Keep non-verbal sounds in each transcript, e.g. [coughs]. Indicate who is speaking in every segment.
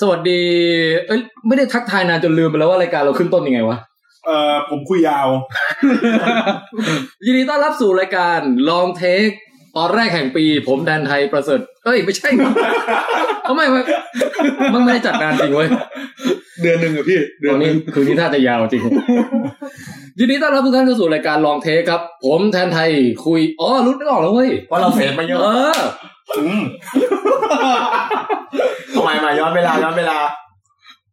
Speaker 1: สวัสดี เอ้ยไม่ได้ทักทายนานจนลืมไปแล้วว่ารายการเราขึ้นต้นยังไงวะ
Speaker 2: เอ่อผมคุยยาว
Speaker 1: ยินดีต้อนรับสู่รายการลองเทคตอนแรกแห่งปี ผมแดนไทยประเสริฐ เอ้ย ไม่ใช่ [laughs] เอาไม่ไม่มันไม่ได้จัดนานจริงเว้ย
Speaker 3: เดือนหนึ่งอะพี่ เดื
Speaker 1: ต
Speaker 3: อ
Speaker 1: อน น
Speaker 3: ห
Speaker 1: นี้
Speaker 3: นึ่ง
Speaker 1: คืนนี้น่าจะยาวจริง ยินดีต้อนรับทุกท่านเข้าสู่รายการลองเทคครับ ผมแทนไทยคุยอ๋อรู้นึกออกแล้วเว้ย
Speaker 4: ว่าะเราเสพมาเยอะ
Speaker 1: เออ
Speaker 2: อืม
Speaker 4: ทำไมมาย้อนเวลาย้อนเวลา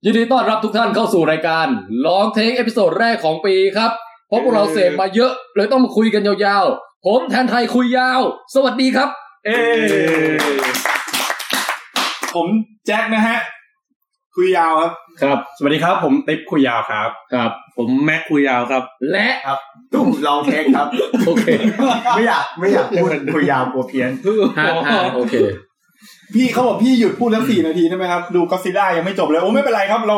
Speaker 1: ยินดีต้อนรับทุกท่านเข้าสู่รายการลองเทคเอพิโซดแรกของปีครับเพราะพวกเราเสพมาเยอะเลยต้องมาคุยกันยาวๆ ผมแทนไทยคุยยาว สวัสดีครับ
Speaker 3: เอ้
Speaker 2: ผมแจ็คนะฮะ คุยยาวครับ
Speaker 1: ครับ
Speaker 3: สวัสดีครับ ผมติ๊บคุยยาวครับ
Speaker 1: ครับ
Speaker 3: ผมแม็กคุยยาวครับ
Speaker 1: และ
Speaker 4: ตุ้มลองเทคครับ
Speaker 1: โอ [laughs] เค
Speaker 4: ไม่อยากไม่อยากพูดคุยยาวกลัวเพี้ยน
Speaker 1: ฮาฮาโอเค
Speaker 2: พี่เขาบอกพี่หยุดพูดแล้วสี่นาทีได้ไหมครับ ดูก็ซิล่ายังไม่จบเลย โอ้ไม่เป็นไรครับ เรา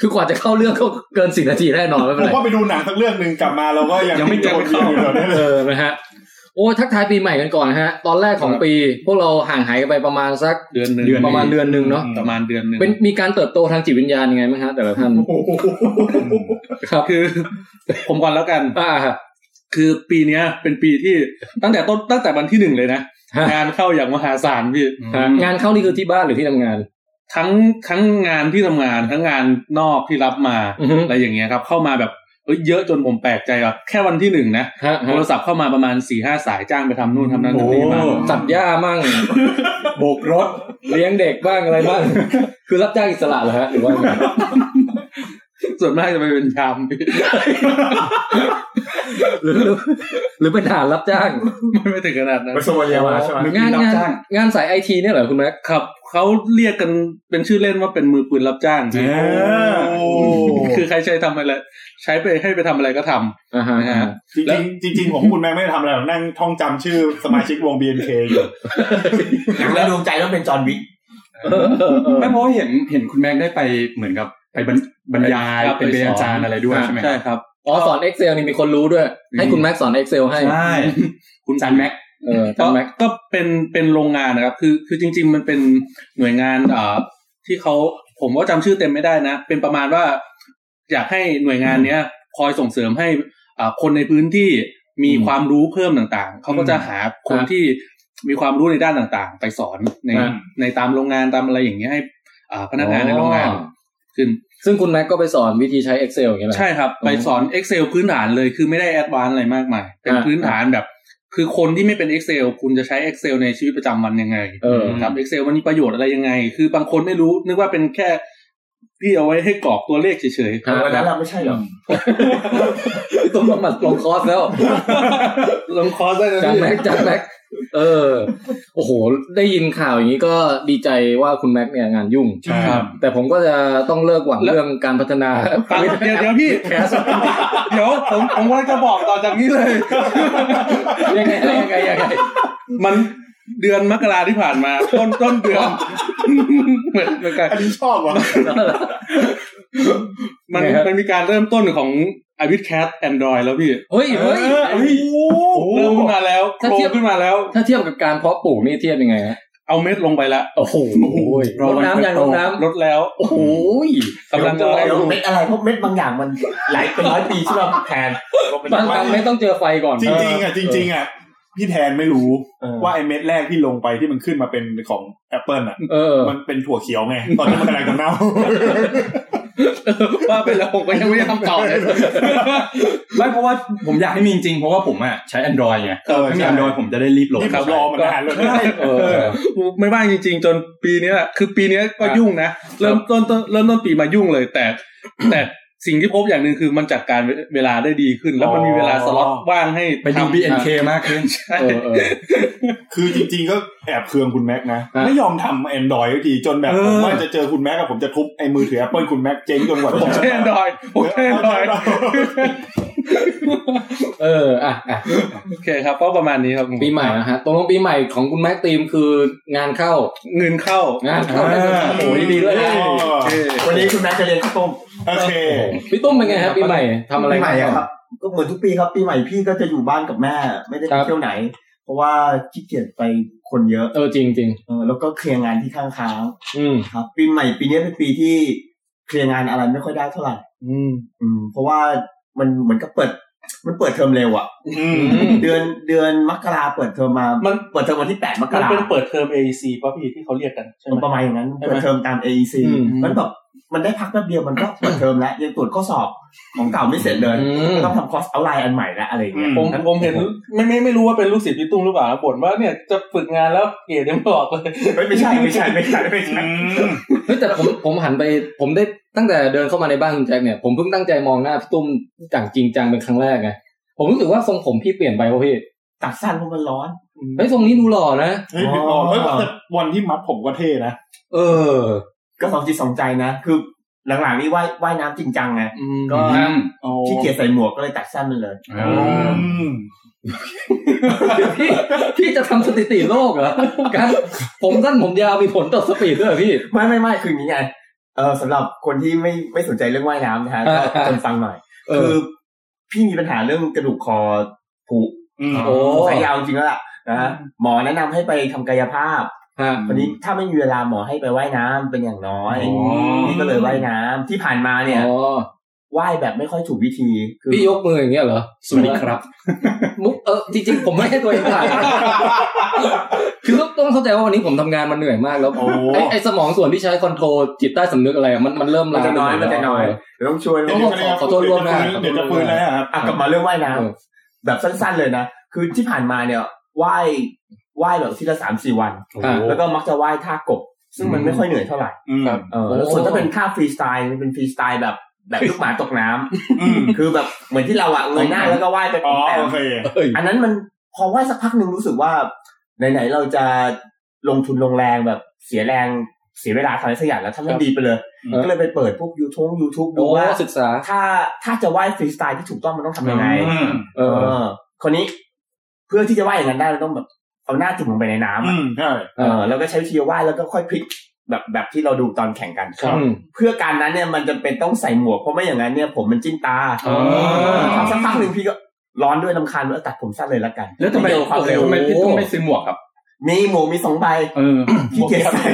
Speaker 1: คือกว่าจะเข้าเรื่องก็เกินสินาทีแน่นอนไม่
Speaker 2: ผ
Speaker 1: เป็น
Speaker 2: ม
Speaker 1: ไร
Speaker 2: ว่าไปดูหนังสักเรื่องหนึ่งกลับมาเราก็ยัง
Speaker 3: ยังไม่จบ
Speaker 2: เรื่องอยู่เดี๋ยวนี้เลย
Speaker 1: เออนะฮะโอ้ยทักทายปีใหม่กันก่อนนะฮะ ตอนแรกของปี พวกเราห่างหายกันไปประมาณสัก
Speaker 3: เดือนหนึ่ง
Speaker 1: ประมาณเดือนหนึ่งเนาะ
Speaker 3: ประมาณเดือนหนึ่ง
Speaker 1: เป็นมีการเติบโตทางจิตวิญญาณยังไงไหมฮะแต่ละท่านครับ
Speaker 3: คือ [laughs] ผมก่อนแล้วกัน
Speaker 1: อ่าฮะ
Speaker 3: คือปีเนี้ย เป็นปีที่ตั้งแต่ต้นตั้งแต่วันที่หนึ่งเลยนะ
Speaker 1: ฮะ
Speaker 3: งานเข้าอย่างมหาศาลพี่
Speaker 4: อืม
Speaker 1: งานเข้านี่คือที่บ้านหรือที่ทำงาน
Speaker 3: ทั้งทั้งงานที่ทำงานทั้งงานนอกที่รับมา
Speaker 1: อือฮึ
Speaker 3: อะไรอย่างเงี้ยครับ เข้ามาแบบเอ้ยเยอะจนผมแปลกใจอ่ะแค่วันที่หนึ่งนะ
Speaker 1: ฮะ
Speaker 3: โทรศัพท์เข้ามาประมาณสี่ห้าสายจ้างไปทำนู่นทำนั่นทำนี่มา [laughs]
Speaker 2: โอ้
Speaker 1: ตัดหญ้ามั่ง [laughs] โบกรถ เลี้ยงเด็กบ้างอะไรบ้าง คือรับจ้างอิสระเหรอฮะหรือว่าไง
Speaker 3: ส่วนมากจะไปเป็นชามพี่
Speaker 1: หรือหรือเป็นทหารรับจ้าง
Speaker 3: ไม่ไม่ถึงขนาดนั้น
Speaker 4: ไปสมัยเรียนมาใช่ไหม
Speaker 3: หรือ
Speaker 1: งาน
Speaker 3: รับ
Speaker 1: งาน
Speaker 3: จ้าง
Speaker 1: งานสายไอทีเนี่ยเหรอคุณแม็ก
Speaker 3: ครับเขาเรียกกันเป็นชื่อเล่นว่าเป็นมือปืนรับจ้างพี่
Speaker 4: เออ
Speaker 2: โอ้
Speaker 3: คือใครใช้ทำอะไร ใช้ไปให้ไปทำอะไรก็ทำ
Speaker 1: อ่าฮะ
Speaker 3: นะฮะ
Speaker 2: จริงๆจริงๆผมคุณแม่ไม่ได้ทำอะไรหรอกนั่งท่องจำชื่อสมาชิกวง BNK อยู่
Speaker 4: หนังในดวงใจต้องเป็นจอห์นวิก
Speaker 1: เออเออเออ
Speaker 5: ไม่เพราะว่าเห็นเห็นคุณแม็กได้ไปเหมือนกับไปบรรบรรยาย
Speaker 3: ครับ
Speaker 5: เป็น
Speaker 3: ไป
Speaker 5: เป็น
Speaker 3: สอน
Speaker 5: อาจารย์อะไรด้วย
Speaker 1: อ่า
Speaker 5: ใช่ไหม
Speaker 3: ใช่ครับ
Speaker 1: อ๋อสอน Excel นี่มีคนรู้ด้วย ให้คุณแม็กสอน Excel ให้
Speaker 5: ใช่คุณอาจารย์แม็ก
Speaker 1: เออ
Speaker 3: ก็
Speaker 1: ทำแม็ก
Speaker 3: ก็เป็นเป็นโรงงานนะครับ คือคือจริง ๆ มันเป็นหน่วยงานเอ่อที่เขาผมว่าจำชื่อเต็มไม่ได้นะ เป็นประมาณว่า อยากให้หน่วยงานเนี้ย คอยส่งเสริมให้อ่าคนในพื้นที่มี
Speaker 1: อืม
Speaker 3: ความรู้เพิ่มต่างๆ เขาก็จะหาคน
Speaker 1: ครับ
Speaker 3: ที่มีความรู้ในด้านต่างๆ ไปสอนใน
Speaker 1: ครับ
Speaker 3: ในตามโรงงานตามอะไรอย่างเงี้ยให้อ่าพนักงานในโรงงาน
Speaker 1: อ๋อ
Speaker 3: ขึ้น
Speaker 1: ซึ่งคุณแม็กก็ไปสอนวิธีใช้ Excel อย่างเงี้ยแหละ
Speaker 3: ใช่ครับ
Speaker 1: อ๋อ
Speaker 3: ไปสอน Excel พื้นฐานเลยคือไม่ได้แอดวานซ์อะไรมากมาย เป็น
Speaker 1: อ่า
Speaker 3: พื้นฐานแบบ คือคนที่ไม่เป็น Excel คุณจะใช้ Excel ในชีวิตประจำวันยังไง
Speaker 1: เออ
Speaker 3: ครับ Excel มันมีประโยชน์อะไรยังไง คือบางคนไม่รู้นึกว่าเป็นแค่ที่เอาไว้ให้กรอกตัวเลขเฉย
Speaker 1: ฮะ
Speaker 4: วันนั้นเราไม่ใช่หรอ
Speaker 1: ต้องลงมาลงคอร์สแล้ว
Speaker 3: ๆ ลงคอร์สได้เลย
Speaker 1: จากแม็ก
Speaker 3: พี่
Speaker 1: จากแม็กเออ โอ้โห ได้ยินข่าวอย่างนี้ก็ดีใจว่าคุณแม็กเนี่ยงานยุ่ง
Speaker 3: ครับ
Speaker 1: แต่ผมก็จะต้องเลิกหวังเรื่องการพัฒนา [laughs]
Speaker 3: ฟังเดี๋ยวเดี๋ยวพี่ เดี๋ยวผมผมว่าจะบอกต่อจากนี้เลย
Speaker 1: ยังไงยังไงยังไง
Speaker 3: มันเดือนมกราที่ผ่านมา ต้นต้นเดือนเหมือนเหมือนกัน
Speaker 2: อันนี้ชอบว่ะ
Speaker 3: มัน
Speaker 1: ไงฮะ
Speaker 3: มันมีการเริ่มต้นของไอวิดแคทแอนดรอยแล้วพี่
Speaker 1: เฮ้ยเฮ้ย
Speaker 2: เฮ้ยโอ้โห
Speaker 3: เริ่มขึ้นมาแล้วโค
Speaker 1: ถ้า
Speaker 3: ล
Speaker 1: เทียบ
Speaker 3: งขึ้นมาแล้ว
Speaker 1: ถ้าเทียบกับการเพาะปลูกนี่เทียบยังไงฮะ
Speaker 3: เอาเม็ดลงไปแล้ว
Speaker 1: โอ้โหรดน้ำยังรดน้ำ
Speaker 3: ลดแล้ว
Speaker 1: โอ้โห
Speaker 3: กำลังจะ
Speaker 4: เ
Speaker 3: ได้
Speaker 4: เม็ดอะไรพวกเม็ดบางอย่างมันหลายเป็นร้อยปีใช่ไหมแทน
Speaker 1: บางครั้งไม่ต้องเจอไฟก่อน
Speaker 2: จริงๆอ่ะจริง ๆอ่ะพี่แทนไม่รู้ว่าไอ้เม็ดแรกที่ลงไปที่มันขึ้นมาเป็นของแอปเปิลอ่ะ
Speaker 1: เออ
Speaker 2: มันเป็นถั่วเขียวไง ตอนนี้มันกำลังจะเน่า
Speaker 3: ว่าไปแล้วผมก็ยังไม่ได้คำตอบเลย
Speaker 5: ไม่เพราะว่าผมอยากให้มีจริงๆเพราะว่าผมอ่ะใช้ Android ไง
Speaker 2: เออ
Speaker 5: ถ้ามี
Speaker 2: ใช่
Speaker 5: Android ผมจะได้รีบโหลด
Speaker 2: ที่ผมรอมันนานแล้วนะ
Speaker 1: เออ
Speaker 3: ไม่ว่างจริง ๆ จนปีเนี้ยคือปีเนี้ยก็ยุ่งนะ เริ่มต้นต้นเริ่มต้นปีมายุ่งเลย แต่ แต่สิ่งที่พบอย่างหนึ่งคือมันจัดการเวลาได้ดีขึ้น แล้วมันมีเวลาสล็อตว่างให้
Speaker 5: ไปดู
Speaker 3: ทำ
Speaker 5: BNK มากขึ้น
Speaker 3: [laughs] ใช่
Speaker 1: เออเออ
Speaker 2: คือจริง ๆ ก็แอบเคืองคุณแม็กนะ
Speaker 1: ฮะ
Speaker 2: ไม่ยอมทำแอนดรอยทีจนแบบ
Speaker 5: เออ
Speaker 2: ผมว่าจะเจอคุณแม็กกับผมจะทุบไอ้มือถือแอปเปิลคุณแม็กเจ๊งจนกว่า
Speaker 3: ผม
Speaker 2: จะ
Speaker 3: ใช้แอนดรอยผมใช้แอนดรอย
Speaker 1: เอออ่ะอ่ะ
Speaker 3: โอเคครับก็ประมาณนี้ครับผม
Speaker 1: ปีใหม่นะฮะตรงลงปีใหม่ของคุณแม็กตีมคืองานเข้า
Speaker 3: เงินเข้า
Speaker 1: งานเข้าได้เงินเข้าโอ้ยดีด้วยนะ
Speaker 4: วันนี้คุณแม่จะเรียนข้าวต้ม
Speaker 2: โอเค
Speaker 1: พี่ตุ้มเป็นไงฮะปีใหม่ทำอะไร
Speaker 4: ปีใหม่อะ
Speaker 1: บ้าง
Speaker 4: ครับ ก็เหมือนทุกปีครับปีใหม่พี่ก็จะอยู่บ้านกับแม่ ไม่ได้
Speaker 1: ค
Speaker 4: ไป
Speaker 1: รับ
Speaker 4: เที่ยวไหน ผ ราะว่าขี้เกียจไปคนเยอะ
Speaker 1: เออจริงจริง
Speaker 4: เออแล้วก็เคลียร์งานที่ข้างค้าง
Speaker 1: อืม
Speaker 4: ครับ ปีใหม่ปีนี้เป็นปีที่เคลียร์งานอะไรไม่ค่อยได้เท่าไหร่
Speaker 1: อืม
Speaker 4: อืม เพราะว่ามันเหมือนกับเปิด มันเปิดเทอมเร็วอะ
Speaker 2: อืม
Speaker 1: อืม
Speaker 4: เดือนเดือนมกราเปิดเทอมมา
Speaker 3: มัน
Speaker 4: เปิดเทอมวันที่แปดมก
Speaker 3: มัน
Speaker 4: รา
Speaker 3: เป็นเปิดเทอม AEC ป่ะพี่ที่เขาเรียกกันใช่ไหม
Speaker 4: ประมาณอย่างนั้น
Speaker 3: ใช่ไหม
Speaker 4: เปิดเทอมตาม AEC
Speaker 1: อืม
Speaker 4: มันแบบมันได้พักแป๊บเดียวมันก็เปิดเทอมแล้วยังตรวจข้อสอบของเก่าไม่เสร็จเลย
Speaker 1: อืม
Speaker 4: ต้องทำคอร์สเอาไลน์อันใหม่ละอะไรอย่างเงี้ย
Speaker 3: ผมผมเห็นไม่ไม่ไม่รู้ว่าเป็นลูกศิษย์พี่ตุ้มหรือเปล่านะบ่นว่าเนี่ยจะฝึกงานแล้วเกรดยังบอกเลย
Speaker 4: เฮ้ยไม่ใช่
Speaker 3: [laughs]
Speaker 4: ไม่ใช่ไม่ใช่ไม่
Speaker 2: อื
Speaker 4: ใช่
Speaker 2: ม
Speaker 1: เฮ้ยแต่ผมผมหันไปผมได้ตั้งแต่เดินเข้ามาในบ้านคุณแจ็คเนี่ยผมเพิ่งตั้งใจมองหน้าพี่ตุ้มอย่างจริงจังเป็นครั้งแรกไงผมรู้สึกว่าทรงผมพี่เปลี่ยนไปวะพี่
Speaker 4: ตัดสั้นเพราะมันร้อน
Speaker 1: เฮ้ยทรงนี้ดูหล่อนะ
Speaker 2: เฮ้ยพี่บอลเฮ้ยแต่วันที่มัดผมก็เท่นะ
Speaker 1: เออ
Speaker 4: ก็สองจิตสองใจนะ คือหลังๆนี่ว่ายว่ายน้ำจริงจังไง ก็ ขี้เกียจใส่หมวกก็เลยตัดสั้นมันเลย
Speaker 2: อ
Speaker 6: ม
Speaker 2: ืม
Speaker 1: พี่พี่จะทำสถิติโลกเหรอการผมสั้นผมยาวมีผลต่อสปีดด้วยเหรอพี่
Speaker 4: ไม่ไม่ไม่คืออย่างนี้ไงเออสำหรับคนที่ไม่ไม่สนใจเรื่องว่ายน้ำนะฮะก็
Speaker 1: อ่า
Speaker 4: จนฟังหน่อย
Speaker 1: เอ
Speaker 4: คือ อพี่มีปัญหาเรื่องกระดูกคอผุ
Speaker 2: อืม
Speaker 1: โอ้
Speaker 4: สายยาวจริงแล้วล่ะนะฮะหมอแนะนำให้ไปทำกายภาพ
Speaker 1: ฮะ
Speaker 4: วันนี้ถ้าไม่มีเวลาหมอให้ไปว่ายน้ำเป็นอย่างน้อย
Speaker 1: อ๋อ
Speaker 4: นี่ก็เลยว่ายน้ำที่ผ่านมาเนี่ย
Speaker 1: อ๋อ
Speaker 4: ว่ายแบบไม่ค่อยถูกวิธี คื
Speaker 1: พี่ยกมืออย่างเงี้ยเหรอ
Speaker 6: สวัสดีครับ
Speaker 1: มุกเออจริงๆผมไม่ให้ตัวเองถ่าย [laughs] คือต้องต้องเข้าใจว่าวันนี้ผมทำงานมันเหนื่อยมากแล้ว
Speaker 2: โอ้
Speaker 1: ไอ้ไอ้สมองส่วนที่ใช้คอนโทรลจิตใต้สำนึกอะไรอะมันมันเริ่ม
Speaker 4: มัน
Speaker 1: ล้า
Speaker 4: จะน้อย
Speaker 1: ไปหด
Speaker 4: มันจะน้อย
Speaker 1: แล้ว
Speaker 4: เดี๋ยวต้องชวน
Speaker 2: เดี๋ยวจะเรียก
Speaker 1: ขอโทษล่วงหน้า
Speaker 2: เดี๋ยวจะฟื้นแล้วนะครับ
Speaker 4: อ่ะกลับมาเรื่องว่ายน้ำ
Speaker 1: เออ
Speaker 4: แบบสั้นๆเลยนะ คือที่ผ่านมาเนี่ยว่ายว่ายแบบทีละสามสี่วัน
Speaker 1: อ่ะ
Speaker 4: แล้วก็มักจะว่ายท่ากบ ซึ่งมันไม่ค่อยเหนื่อยเท่าไหร่
Speaker 2: อืม
Speaker 3: ครับ
Speaker 4: เออแล้วส่วนถ้าเป็นท่าฟรีสไตล์มันเป็นฟรีสไตล์แบบแบบลูกหมาตกน้ำ
Speaker 2: อืม
Speaker 4: คือแบบเหมือนที่เราอะเงยหน้าแล้วก็ว่ายไปป
Speaker 2: อ๋
Speaker 4: อ
Speaker 2: อง
Speaker 4: แป
Speaker 2: โอ
Speaker 4: ม
Speaker 2: เค
Speaker 1: เอ้ย
Speaker 4: อันนั้นมันพอว่ายสักพักหนึ่งรู้สึกว่าไหนๆเราจะลงทุนลงแรงแบบเสียแรงเสียเวลาทำอะไรสักอย่างแล้วทำให้มันดีไปเลย
Speaker 2: ครับ
Speaker 4: ก็เลยไปเปิดพวกยูทงยูทูบดู
Speaker 1: โอ้
Speaker 4: ว่า
Speaker 1: ศึกษา
Speaker 4: ถ้าถ้าจะว่ายฟรีสไตล์ที่ถูกต้องมันต้องทำยังไง
Speaker 2: อืม
Speaker 1: เอ
Speaker 4: เอ
Speaker 1: อ
Speaker 4: อคนนี้เพื่อที่จะว่ายอย่างนั้นได้เราต้องแบบเอาหน้าจุ่มลงไปในน้ำ
Speaker 2: อื
Speaker 4: อะ
Speaker 2: มใช่
Speaker 1: อืม
Speaker 4: เออแล้วก็ใช้วิธีว่ายแล้วก็ค่อยพลิกแบบแบบที่เราดูตอนแข่งกัน
Speaker 2: ครับ
Speaker 1: อืม
Speaker 4: เพื่อการนั้นเนี่ยมันจะเป็นต้องใส่หมวกเพราะไม่อย่างนั้นเนี่ยผมมันจิ้มตา
Speaker 3: อ๋อ
Speaker 4: ทำสักพักหนึ่งพี่ก็ร้อนด้วยลำคาญแล้วตัดผมสั้นเลยละกัน
Speaker 6: แล้วทำไม
Speaker 4: เร็วความเร็ว
Speaker 6: ทำไมพี่ต้องไม่ซื้อหมวกครับ
Speaker 4: มีหมวกมีสองใบ
Speaker 6: เออ
Speaker 4: ขี้เกียจใส่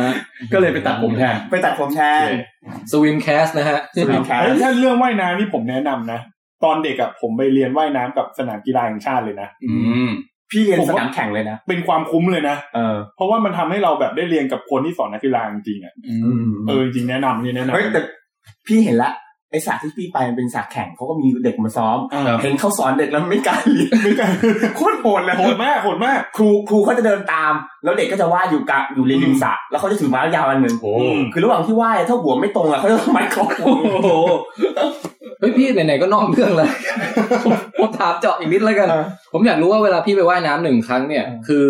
Speaker 6: [laughs] ก็เลยไปตัดผมแทน
Speaker 4: ไปตัดผมแทน
Speaker 2: โอเค
Speaker 1: สวิมแคสนะฮะ
Speaker 4: สวิงแคส
Speaker 2: เฮ้ยถ้าเรื่องว่ายน้ำนี่ผมแนะนำนะ ตอนเด็กอะผมไปเรียนว่ายน้ำกับสนามกีฬาแห่งชาติเลยนะ
Speaker 6: อืม
Speaker 4: พี่เรียน
Speaker 2: ผม
Speaker 4: ส
Speaker 2: ว่า
Speaker 4: นามแข่งเลยนะ
Speaker 2: เป็นความคุ้มเลยนะ
Speaker 4: เออ
Speaker 2: เพราะว่ามันทำให้เราแบบได้เรียนกับคนที่สอนนักกีฬาจริงๆอะ
Speaker 6: อื
Speaker 4: อื
Speaker 6: ม
Speaker 4: ม
Speaker 2: เออจริงแนะนำนี่แนะนำ
Speaker 4: เฮ้ยแต่พี่เห็นละไอสระที่พี่ไปมันเป็นสระแข่งเขาก็มีเด็กมาซ้อม
Speaker 2: อ่า
Speaker 4: เห็นเขาสอนเด็กแล้วไม่กล้าเรียน
Speaker 2: นึกอะ
Speaker 4: โคตรโหดเลย
Speaker 2: โหดมากโหดมาก
Speaker 4: ครูครูเขาจะเดินตาม แล้วเด็กก็จะว่ายอยู่กะอยู่ริมริมสระแล้วเขาจะถือไม้ยาวอันหนึ่ง
Speaker 2: ม
Speaker 4: คือระหว่างที่ว่ายถ้าหัวไม่ตรงอ่ะเขาจะต้องมัดคอ
Speaker 1: เฮ้ยพี่ไหนๆก็นอกเรื่องแล้ว [laughs] ผมผมถามเจาะอีกนิดแล้วกัน ผมอยากรู้ว่าเวลาพี่ไปว่ายน้ำหนึ่งครั้งเนี่ย คือ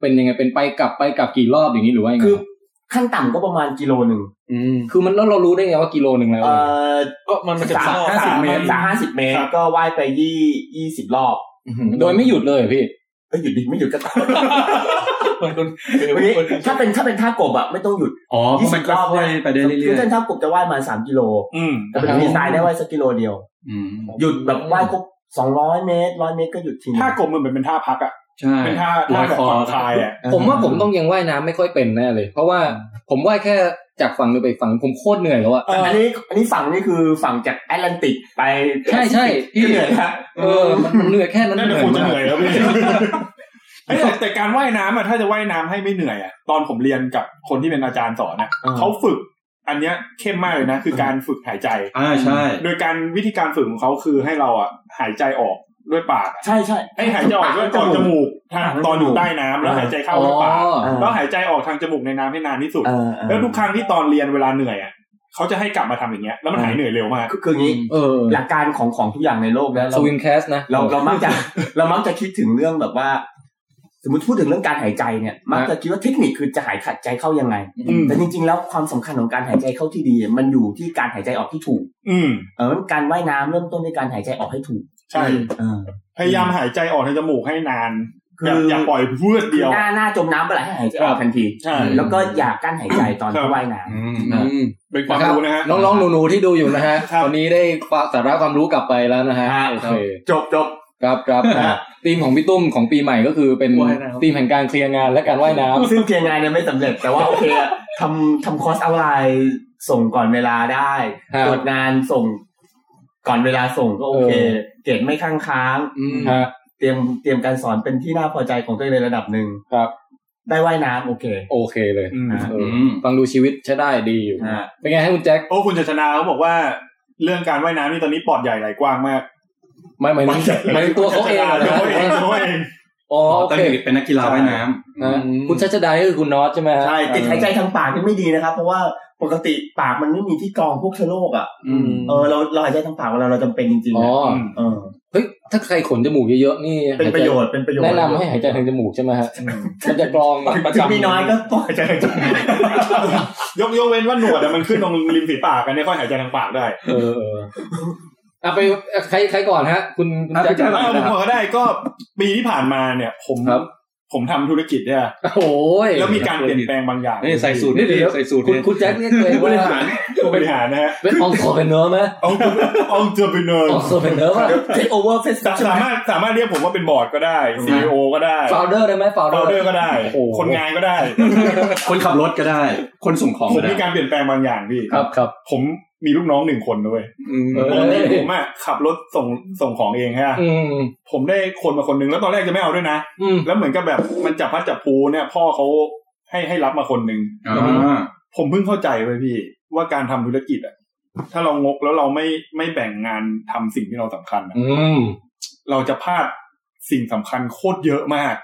Speaker 1: เป็นยังไงเป็นไปกลับไปกลับกี่รอบอย่างนี้หรือว่ายังไง
Speaker 4: คือขั้นต่ำก็ประมาณกิโลหนึ่ง
Speaker 3: อืม
Speaker 1: คือมันแล้วเรารู้ได้ไงว่ากิโลหนึ่งแล้ว
Speaker 4: เออ
Speaker 3: ก็มันมันจะ
Speaker 4: สาม
Speaker 3: เข้า
Speaker 4: สาม
Speaker 2: เมตร
Speaker 4: สามห้าสิบเมตร
Speaker 2: ครับ
Speaker 4: ก็ว่ายไปยี่ยี่สิบรอบ
Speaker 1: โดยไม่หยุดเลยเหรอพี่
Speaker 4: เอ้ยหยุดดิไม่หยุดก็ตาย
Speaker 3: เหมือนคน
Speaker 4: วันนี้ถ้าเป็นถ้าเป็นท่ากบอ่ะไม่ต้องหยุด
Speaker 6: อ๋อเพราะมันก็ค่อยไปได้เรื่
Speaker 4: คือ
Speaker 6: อย
Speaker 4: เส้นท่ากบจะว่ายมาสามกิโล
Speaker 2: อืม
Speaker 4: แต่เป็น
Speaker 1: ครับ
Speaker 4: มีทรายได้ว่ายสักกิโลเดียว
Speaker 6: ๆอืม
Speaker 4: หยุดแบบว่ายครบสองร้อยเมตรร้อยเมตรก็หยุดทีนึง
Speaker 2: ท่ากลมมันเป็นท่าพักอะ
Speaker 6: ใช่
Speaker 2: เป็นท่าท่าแบบผ่อนคลายอะ
Speaker 1: ผมว่าผมต้องยังว่ายน้ำไม่ค่อยเป็นแน่เลย เพราะว่าผมว่ายแค่จากฝั่งหนึงไปอีกฝั่งผมโคตรเหนื่อยแล้วอะ
Speaker 2: เออ
Speaker 4: อันนี้อันนี้ฝั่งนี่คือฝั่งจากแอตแลนติกไป
Speaker 1: ใช่ใช่พี่
Speaker 4: ก็เหนื่อยนะ
Speaker 1: เออมันมันเหนื่อยแค่นั้น
Speaker 2: นั่น
Speaker 1: เหนื่อย
Speaker 2: แต่คุณจะ
Speaker 1: มาก
Speaker 2: เหนื่อยแล้วพี่เอ้ยแต่แต่การว่ายน้ำอะถ้าจะว่ายน้ำให้ไม่เหนื่อยอะตอนผมเรียนกับคนที่เป็นอาจารย์สอนอะเขาฝึก อันเนี้ยเข้มมากเลยนะ คือการฝึกหายใจ
Speaker 6: อ่าใช่
Speaker 2: โดยการวิธีการฝึกของเขาคือให้เราอ่ะหายใจออกด้วยปาก
Speaker 4: ใช่ใช่
Speaker 2: ให้หายใจออกด้วยตอนจมูกทางตอนอยู่ใต้น้ำแล้วหายใจเข้าด้วยปาก
Speaker 1: อ๋อ
Speaker 2: แล้วหายใจออกทางจมูกในน้ำให้นานที่สุด
Speaker 4: เออเออ
Speaker 2: แล้วทุกครั้งที่ตอนเรียนเวลาเหนื่อยอ่ะเขาจะให้กลับมาทำอย่างเงี้ยแล้วมันหายเหนื่อยเร็วมาก
Speaker 4: คือคืออย่างนี้
Speaker 1: เออ
Speaker 4: หลักการของของทุกอย่างในโลกนะ
Speaker 1: ส
Speaker 4: เรา
Speaker 1: วิมแคสนะ
Speaker 4: เราเรามักจะเรามักจะคิดถึงเรื่องแบบว่า สมมติพูดถึงเรื่องการหายใจเนี่ย มักจะคิดว่าเทคนิคคือจะหายขัดใจเข้ายังไง
Speaker 2: อืม
Speaker 4: แต่จริง ๆ แล้วความสำคัญของการหายใจเข้าที่ดี มันอยู่ที่การหายใจออกที่ถูก
Speaker 2: อืม
Speaker 4: เออการว่ายน้ำเริ่มต้นด้วยการหายใจออกให้ถูก
Speaker 2: ใช่
Speaker 4: เออ
Speaker 2: พยายามหายใจออกทางจมูกให้นาน
Speaker 4: คือ
Speaker 2: อย่าอ
Speaker 4: อ
Speaker 2: ย่าปล่อยพืด
Speaker 4: คื
Speaker 2: เดี
Speaker 4: อ
Speaker 2: ยว
Speaker 4: หน้าหน้าจมน้ำไปไหลให้หายใจออกทันที
Speaker 2: ใช่
Speaker 4: แล้วก็อย่ากั้นหายใจตอนที่ว่ายน้ำ
Speaker 6: อืม
Speaker 3: อืม
Speaker 2: เป็นความรู้นะฮะ
Speaker 1: น้องๆ หนูๆ ที่ดูอยู่นะฮะ
Speaker 2: ครับ
Speaker 1: วันนี้ได้สาระความรู้กลับไปแล้วนะฮะ
Speaker 4: ครับ
Speaker 1: โอเค
Speaker 4: จบจบ
Speaker 1: ครับครับ
Speaker 4: ฮะ
Speaker 1: ธีมของพี่ตุ้มของปีใหม่ก็คือเป็น
Speaker 3: ว่ายน้ำ
Speaker 1: ธีมแห่งการเคลียร์งานและการว่ายน้ำ
Speaker 4: ซึ่งเคลียร์งานเนี่ยไม่สำเร็จ แต่ว่าโอเคอะทำทำคอร์สออนไลน์ส่งก่อนเวลาได้
Speaker 1: ครับ
Speaker 4: ตรวจงานส่งก่อนเวลาส่งก็โอเค เกรดไม่ค้างค้าง
Speaker 1: อืม
Speaker 4: ฮะเตรียมเตรียมการสอนเป็นที่น่าพอใจของตัวเองในระดับหนึ่ง
Speaker 1: ครับ
Speaker 4: ได้ว่ายน้ำโอเค
Speaker 1: โอเคเลย
Speaker 2: อืม
Speaker 1: เออ
Speaker 7: ม
Speaker 1: ฟังดูชีวิตใช้ได้ดีอยู่
Speaker 4: ฮะ
Speaker 1: เป็นไงให้คุณแจ็ค
Speaker 2: โอ้คุณจัชนาเขาบอกว่า เรื่องการว่ายน้ำนี่ตอนนี้ปอดใหญ่ไหลกว้างมาก
Speaker 1: ไม่ไม่ถึงหมายถึงตัวเขาเองเหรอ
Speaker 2: ตัวเขาเอง
Speaker 1: นะ
Speaker 2: ตัวเขาเอง
Speaker 1: อ๋อโอ
Speaker 7: ตั้ง
Speaker 1: เค
Speaker 7: แต่เป็นนักกีฬาว่ายน้ำ
Speaker 1: นะคุณชัชดานี่คือคุณน็อตใช่ไหมฮะ
Speaker 4: ใช่ติดหายใจทางปากนี่ไม่ดีนะครับ เพราะว่าปกติปากมันไม่มีที่กรองพวกเชื้อโรคอ่ะ
Speaker 1: อืม
Speaker 4: เออเราเราหายใจทางปากเวลาเราจำเป็นจริงๆ
Speaker 1: อ๋อ
Speaker 4: อะ
Speaker 1: อ
Speaker 2: ม
Speaker 4: เออ
Speaker 1: เฮ้ยถ้าใครขนจมูกเยอะๆนี่
Speaker 4: เป็นประโยชน์เป็นประโยชน์
Speaker 1: แนะนำให้หายใจทางจมูกใช่ไหมฮะมันจะกรอง
Speaker 4: [laughs]
Speaker 1: แบบ
Speaker 4: ถึงมีน้อยก็ต้องหายใจทางจมูก
Speaker 2: ยกยกเว้นว่าหนวดอะมันขึ้นตรงริมฝีปากกันเนี่ยค่อยหายใจทางปากได้
Speaker 1: เออเอออ่ะไปใครใครก่อนฮะ คุณคุณ
Speaker 7: อ่ะ
Speaker 1: แจ็
Speaker 7: ไป
Speaker 1: ค
Speaker 7: จ้า
Speaker 2: ถ้า
Speaker 7: หน่อย
Speaker 2: เอาผม
Speaker 7: นะครับ
Speaker 2: บอกก็ได้ก็ปีที่ผ่านมาเนี่ย ผม
Speaker 1: ครับ
Speaker 2: ผมทำธุรกิจเนี่ย
Speaker 1: โอ้ย
Speaker 2: แล้วมีการเปลี่ยนแปลงบางอย่าง
Speaker 3: นี่ใส่สูตร
Speaker 1: นี่เดี๋ยว
Speaker 3: ใส่สูตร
Speaker 1: คุณ
Speaker 3: นี่
Speaker 1: คุณแจ็คเรียกตัวเอง
Speaker 2: บ
Speaker 1: ว่า
Speaker 2: ริหารผู้บริหารนะฮะ
Speaker 1: เป็นองค์กรเป็นเนื้อไหม
Speaker 2: องค์องค์เจอร์เปเนอร์
Speaker 1: องค์กรเป็นเนื้อป่ะ
Speaker 4: take over face
Speaker 2: สามารถสามารถเรียกผมว่าเป็นบอร์ดก็ได้ซีอก็ได้
Speaker 1: ฟาวเดอร์ได้ไหมฟาวเด
Speaker 2: โอ
Speaker 1: อ
Speaker 2: เดอ
Speaker 1: ร์
Speaker 2: ร์ก็ได้
Speaker 1: โอ้โห
Speaker 2: คนงานก็ได้
Speaker 7: คนขับรถก็ได้ คนส่งของ
Speaker 2: ผ
Speaker 7: ก็
Speaker 2: ม
Speaker 7: ได้
Speaker 2: มีการเปลี่ยนแปลงบางอย่างพี่
Speaker 1: ครับครับ
Speaker 2: ผมมีลูกน้องหนึ่งคนด้วย
Speaker 3: อืม
Speaker 1: เออ
Speaker 2: ปกติผมอะขับรถส่งส่งของเองฮะ
Speaker 1: อืม
Speaker 2: ผมได้คนมาคนหนึ่งแล้วตอนแรกจะไม่เอาด้วยนะ
Speaker 1: อืม
Speaker 2: แล้วเหมือนกับแบบมันจับพัดจับภูเนี่ย พ่อเขาให้ให้รับมาคนหนึ่ง
Speaker 7: อ่า
Speaker 2: ผมเพิ่งเข้าใจไว้ยพี่ ว่าการทำธุรกิจอะถ้าเรางกแล้วเราไม่ไม่แบ่งงานทำสิ่งที่เราสำคัญอะ
Speaker 1: อืม
Speaker 2: เราจะพลาดสิ่งสำคัญโคตรเยอะมาก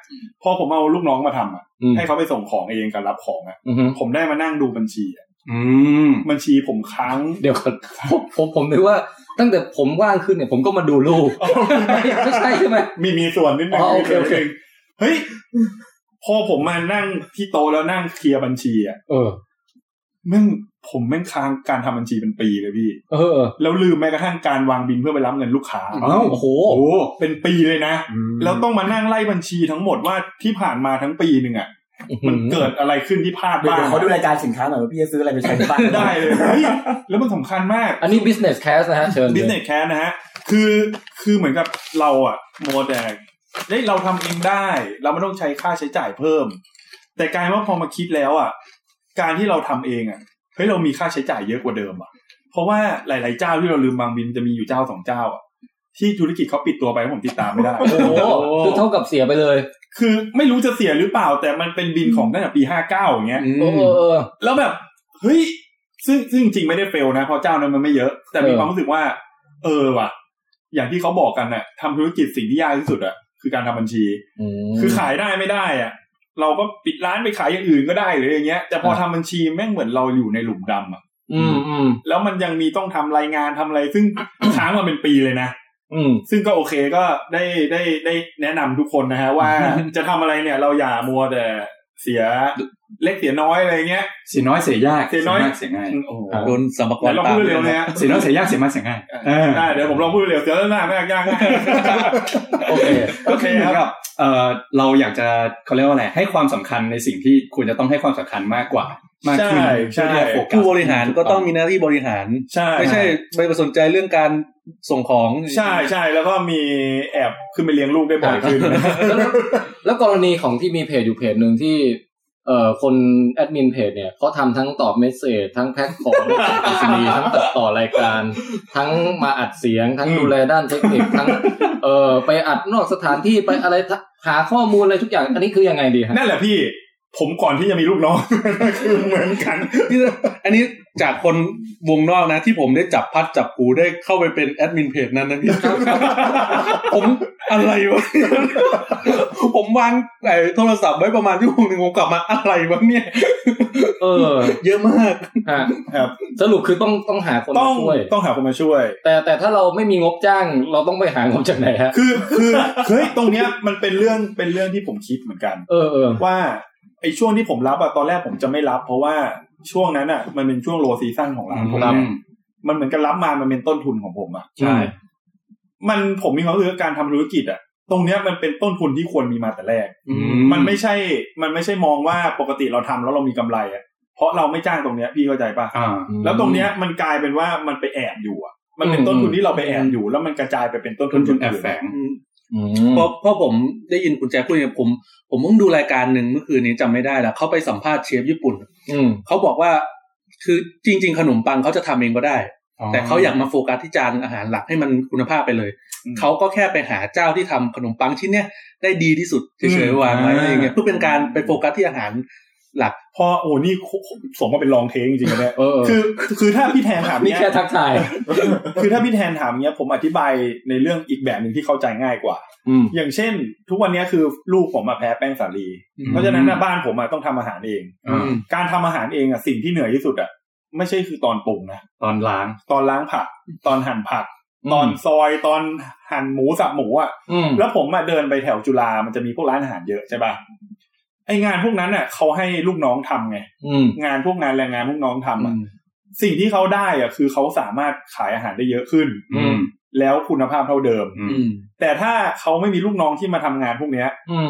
Speaker 2: พอผมเอาลูกน้องมาทำอะ
Speaker 1: อืม
Speaker 2: ให้เขาไปส่งของเองกับรับของอะ
Speaker 1: อือฮึ
Speaker 2: ผมได้มานั่งดูบัญชีอะ
Speaker 7: อืม
Speaker 2: บัญชีผมค้าง
Speaker 1: เดี๋ยวก่อน [laughs] ผมผมผมนึกว่า ตั้งแต่ผมว่างขึ้นเนี่ยผมก็มาดูลูก [laughs] ไม่ใช่ใช่ไหม
Speaker 2: มีมีส่วนนิดนึง
Speaker 1: อ๋อโอเคโอเค
Speaker 2: นิดนึงเฮ้ย พอผมมานั่งที่โตะแล้วนั่งเคลียร์บัญชีอ่ะ
Speaker 1: เออ
Speaker 2: แม่งผมแม่งค้างการทำบัญชีเป็นปีเลยพี่
Speaker 1: เออ
Speaker 2: แล้วลืมแม้กระทั่งการวางบินเพื่อไปรับเงินลูกค้า
Speaker 7: เอ้าโอ้โห
Speaker 2: เป็นปีเลยนะ แล้วต้องมานั่งไล่บัญชีทั้งหมดว่าที่ผ่านมาทั้งปีหนึ่งอ่ะมันเกิดอะไรขึ้นที่พลาด
Speaker 4: เดี๋ย
Speaker 2: บ้าง
Speaker 4: วเขาดูรายการสินค้าหน่อยว่าพี่จะซื้ออะไรไปใช้ที่บ้าน
Speaker 2: ได้เลยเฮ้ยแล้วมันสำคัญมาก
Speaker 1: อันนี้ business cast นะฮะ เชิญ
Speaker 2: บิสเนสแคสนะฮะ คือคือเหมือนกับเราอะโมวแต่เฮ้ยเราทำเองได้ เราไม่ต้องใช้ค่าใช้จ่ายเพิ่ม แต่กลายว่าพอมาคิดแล้วอะการที่เราทำเองอะเฮ้ยเรามีค่าใช้จ่ายเยอะกว่าเดิมอะเพราะว่าหลาย ๆ เจ้าที่เราลืมบางบินจะมีอยู่เจ้าสองเจ้าอะที่ธุรกิจเขาปิดตัวไปแล้วผมติดตามไม่ได้ [laughs]
Speaker 1: โอ้โหคือเท่ากับเสียไปเลย
Speaker 2: คือไม่รู้จะเสียหรือเปล่า แต่มันเป็นบินของตั้งแต่ปีห้าเก้าอย่างเงี้ย
Speaker 1: เออเออเออ
Speaker 2: แล้วแบบเฮ้ยซึ่งซึ่งจริงๆไม่ได้เฟลนะเพราะเจ้านั้นมันไม่เยอะ แต่มี
Speaker 1: เออ
Speaker 2: ความรู้สึกว่า เออว่ะ อย่างที่เขาบอกกันน่ะทำธุรกิจสิ่งที่ยากที่สุดอ่ะคือการทำบัญชี
Speaker 1: อืม
Speaker 2: คือขายได้ไม่ได้อ่ะ เราก็ปิดร้านไปขายอย่างอื่นก็ได้หรืออย่างเงี้ยแต่พอ
Speaker 1: เออ
Speaker 2: ทำบัญชีแม่งเหมือนเราอยู่ในหลุมดำอ่ะ
Speaker 1: อืมอืม
Speaker 2: แล้วมันยังมีต้องทำรายงานทำอะไร ซึ่ง ค้างมาเป็นปีเลยนะ
Speaker 1: อืม
Speaker 2: ซึ่งก็โอเคก็ได้ได้ได้แนะนำทุกคนนะฮะ
Speaker 1: [laughs]
Speaker 2: ว่า จะทำอะไรเนี่ย เราอย่ามัวแต่เสียเล็กเสียน้อยอะไรเงี้ย
Speaker 7: เสียน้อยเสียยาก
Speaker 2: เสียน้อย
Speaker 7: มากเสียง่าย
Speaker 2: โอ้โห
Speaker 3: โดนสัมภา
Speaker 2: ไหนล
Speaker 3: ระ
Speaker 2: องพูดเร็วๆนะฮะ
Speaker 7: เสียน้อยเสียยากเสียมากเสียง่ายเออ
Speaker 2: [laughs] ได้เดี๋ยวผมลองพูดเร็วๆเสียหน้าแม่งยากง่าย
Speaker 1: โอเค
Speaker 7: ก็คือเหมือนกับเออเราอยากจะเขาเรียกว่าอะไรให้ความสำคัญในสิ่งที่ควรจะต้องให้ความสำคัญมากกว่า มากขึ้นเพื่อที่จะโฟกัส
Speaker 3: ผู้บริหารก็ต้องมีหน้าที่บริหาร
Speaker 2: ใช่
Speaker 3: ไม่ใช่ไปสนใจเรื่องการส่งของ
Speaker 2: ใช่ใช่แล้วก็มีแอบขึ้นไปเลี้ยงลูกได้บ่อยขึ้น
Speaker 1: แล้วแล้ว [laughs] แล้วกรณีของที่มีเพจอยู่เพจหนึ่งที่ เอ่อคนแอดมินเพจเนี่ยเขาทำทั้งตอบเมสเซจทั้งแพ็คของส่งไปรษณี [laughs] ย์ทั้งตัดต่อรายการ ทั้งมาอัดเสียง ทั้งดูแลด้านเทคนิคทั้ง เอ่อไปอัดนอกสถานที่ไปอะไรทะหาข้อมูลอะไรทุกอย่าง อันนี้คือยังไงดีฮะ
Speaker 2: นั่นแหละพี่ ผมก่อนที่จะมีลูกน้อง [laughs] คือเหมือนกัน
Speaker 3: นี่ [laughs] อันนี้จากคนวงนอกนะ ที่ผมได้จับพัดจับผูได้เข้าไปเป็นแอดมินเพจนั้นนะพี่ ผมอะไรวะ [laughs] ผมวางไอ้โทรศัพท์ไว้ประมาณชั่วโมงหนึ่งผมกลับมาอะไรวะเนี่ย
Speaker 1: เออ
Speaker 3: เยอะมาก
Speaker 1: ฮะ
Speaker 2: ครับ
Speaker 1: สรุปคือต้องต้องหาคน
Speaker 2: ต้อง
Speaker 1: มาช่วย
Speaker 2: ต้องหาคนมาช่วย
Speaker 1: แต่แต่ถ้าเราไม่มีงบจ้าง เราต้องไปหางบจากไหนฮะ
Speaker 2: คือคือเฮ้ยตรงเนี้ยมันเป็นเรื่องเป็นเรื่องที่ผมคิดเหมือนกัน
Speaker 1: เออเออ
Speaker 2: ว่าไอ้ช่วงที่ผมรับอะตอนแรกผมจะไม่รับ เพราะว่าช่วงนั้นอะมันเป็นช่วงโลซีซั่นของร้านผม
Speaker 7: อื
Speaker 2: เนี่ย
Speaker 7: ม
Speaker 2: มันเหมือนกับรับมามันเป็นต้นทุนของผมอะ
Speaker 1: ใช่
Speaker 2: มันผมมีความรู้สึกว่าการทำธุรกิจอะตรงเนี้ยมันเป็นต้นทุนที่ควรมีมาแต่แรก
Speaker 7: อืม
Speaker 2: มันไม่ใช่ มันไม่ใช่มองว่าปกติเราทำแล้วเรามีกำไรอะเพราะเราไม่จ้างตรงเนี้ยพี่เข้าใจปะ
Speaker 7: อ่า
Speaker 2: แล้วตรงเนี้ยมันกลายเป็นว่ามันไปแอบอยู่อะมันเป็น
Speaker 1: อืม
Speaker 2: ต้นทุนที่เราไปแอบอยู่ แล้วมันกระจายไปเป็นต้น
Speaker 7: ต้นทุ
Speaker 2: ทุ
Speaker 7: น
Speaker 2: น
Speaker 7: แอบแฝง
Speaker 8: อื
Speaker 3: เพ
Speaker 8: ม
Speaker 3: ราะเพราะผมได้ยินคุณแจ๊คพูดเนี่ยผมผมเพิ่งดูรายการหนึ่งเมื่อคืนนี้จำไม่ได้ละเขาไปสัมภาษณ์เชฟญี่ปุ่น
Speaker 8: อืม
Speaker 3: เขาบอกว่าคือจริง ๆ ขนมปังเขาจะทำเองก็ได้ แต่เขาอยากมาโฟกัสที่จานอาหารหลักให้มันคุณภาพไปเลย
Speaker 2: อืม
Speaker 3: เขาก็แค่ไปหาเจ้าที่ทำขนมปังชิ้นเนี้ยได้ดีที่สุดเฉย
Speaker 2: อืม
Speaker 3: ๆวางไว้อะไรอย่างเงี้ย
Speaker 7: อ่า
Speaker 3: เพื่อเป็นการไปโฟกัสที่อาหารหลัก
Speaker 2: พอโอ้นี่สมมาเป็นลองเทงจริงๆนะเนี่ย
Speaker 8: เออ
Speaker 2: คือคือถ้าพี่แทนถาม
Speaker 8: นี่
Speaker 2: เนี้ย
Speaker 8: แค่ทักทาย
Speaker 2: คือถ้าพี่แทนถามเนี้ยผมอธิบายในเรื่องอีกแบบหนึ่งที่เข้าใจง่ายกว่า
Speaker 8: อืม
Speaker 2: อย่างเช่น ทุกวันเนี้ยคือลูกผมมาแพ้แป้งสาลี
Speaker 3: อืม
Speaker 2: เพราะฉะนั้นน่ะบ้านผมอะต้องทำอาหารเอง
Speaker 7: อ่า
Speaker 3: อืม
Speaker 2: การทำอาหารเองอะสิ่งที่เหนื่อยที่สุดอะไม่ใช่คือตอนปรุงนะ
Speaker 7: ตอนล้าง
Speaker 2: ตอนล้างผัก ตอนหั่นผัก
Speaker 8: อืม
Speaker 2: ตอนซอยตอนหั่นหมูสับหมูอะ
Speaker 8: อืม
Speaker 2: แล้วผมอะเดินไปแถวจุฬามันจะมีพวกร้านอาหารเยอะใช่ปะไองานพวกนั้นน่ะเขาให้ลูกน้องทำไง
Speaker 8: อืม
Speaker 2: งานพวกงานแรงงานพวกน้องทำอะสิ่งที่เขาได้อะคือเขาสามารถขายอาหารได้เยอะขึ้น
Speaker 8: อืม
Speaker 2: แล้วคุณภาพเท่าเดิม
Speaker 7: อื
Speaker 3: อืม
Speaker 2: แต่ถ้าเขาไม่มีลูกน้องที่มาทำงานพวกเนี้ย
Speaker 8: อืม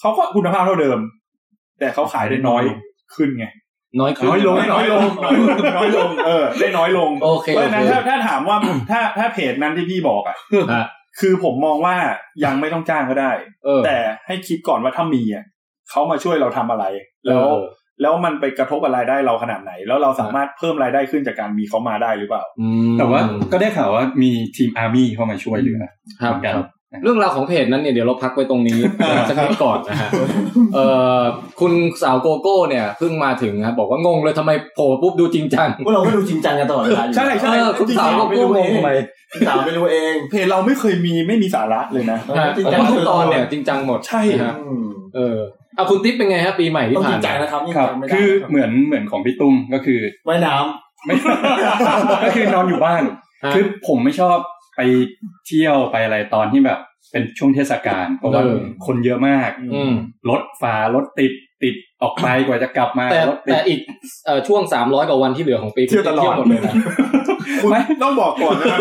Speaker 2: เขาก็คุณภาพเท่าเดิม แต่เขาขายได้น้อยขึ้นไง
Speaker 8: น้อยขึ้น
Speaker 7: น้อยลง
Speaker 2: ได้น้อยลงน้อยลงน้อยลงเออได้น้อยลง
Speaker 8: โอเค
Speaker 2: เพราะฉะนั้น
Speaker 8: โอเค
Speaker 2: ถ้าถ้าถาม [coughs] ว่าถ้าถ้าเพจนั้นที่พี่บอกอ่ะ
Speaker 8: อ่ะ
Speaker 2: คือผมมองว่ายังไม่ต้องจ้างก็ได้
Speaker 8: เออ
Speaker 2: แต่ให้คิดก่อนว่าถ้ามีอ่ะเขามาช่วยเราทำอะไร แล้ว
Speaker 8: เออ
Speaker 2: แล้วมันไปกระทบกับรายได้เราขนาดไหน แล้วเราสามารถเพิ่มรายได้ขึ้นจากการมีเขามาได้หรือเปล่า
Speaker 8: อืม
Speaker 7: แต่ว่าก็ได้ข่าวว่ามีทีมอาร์มี่เข้ามาช่วยเหลือ
Speaker 8: ครับ
Speaker 7: เหมือนกัน
Speaker 8: ครับ เรื่องราวของเพจนั้นเนี่ยเดี๋ยวเราพักไว้ตรงนี้ สักนิดก่อนนะฮะเอ่อคุณสาวโกโก้เนี่ยเพิ่งมาถึงนะครับบอกว่างงเลยทำไมโผล่ปุ๊บดูจริงจัง
Speaker 4: พวกเราก็ดูจริงจังกันตลอดเวลาอยู่
Speaker 2: ใช่ใช่
Speaker 8: เออคุณสาวก็
Speaker 4: ไม่
Speaker 8: พูด
Speaker 4: รู้
Speaker 8: ง
Speaker 4: เอง ง
Speaker 8: ทำไม
Speaker 4: สาวไม่รู้เอง
Speaker 2: เพจเราไม่เคยมีไม่มีสาระเลยนะ
Speaker 4: เออจริง
Speaker 8: แต่
Speaker 4: จัง
Speaker 8: ว่าทุกตอนเนี่ยจริงจังหมด
Speaker 2: ใช่
Speaker 8: นะฮะ
Speaker 4: อืม
Speaker 8: เออเอาคุณติ๊บเป็นไงฮะปีใหม่ที่
Speaker 4: ต้องจ
Speaker 8: ผ่า
Speaker 4: ริ
Speaker 8: น
Speaker 4: งจังนะครับยิ่ง
Speaker 7: ครับ
Speaker 4: จังไม่ได้
Speaker 7: คือเหมือนเหมือนของพี่ตุ้มก็คือ
Speaker 4: ว่ายน้
Speaker 7: ไม่ [laughs] ก็คือนอนอยู่บ้าน
Speaker 8: ฮะ
Speaker 7: คือผมไม่ชอบไปเที่ยวไปอะไรตอนที่แบบ เป็นช่วงเทศกาลเพราะว่า
Speaker 8: เออ
Speaker 7: คนเยอะมาก
Speaker 8: อืม
Speaker 7: รถฟ้ารถติดติดออกไปกว่าจะกลับมา
Speaker 8: แต่
Speaker 7: รถติด
Speaker 8: แต่อีกเอ่อช่วงสามร้อยกว่าวันที่เหลือของปี
Speaker 4: ำเที่ยวตลอด
Speaker 8: หมดเลยนะ
Speaker 2: คุณ
Speaker 7: ไม่
Speaker 2: ต้องบอกก่อนนะครับ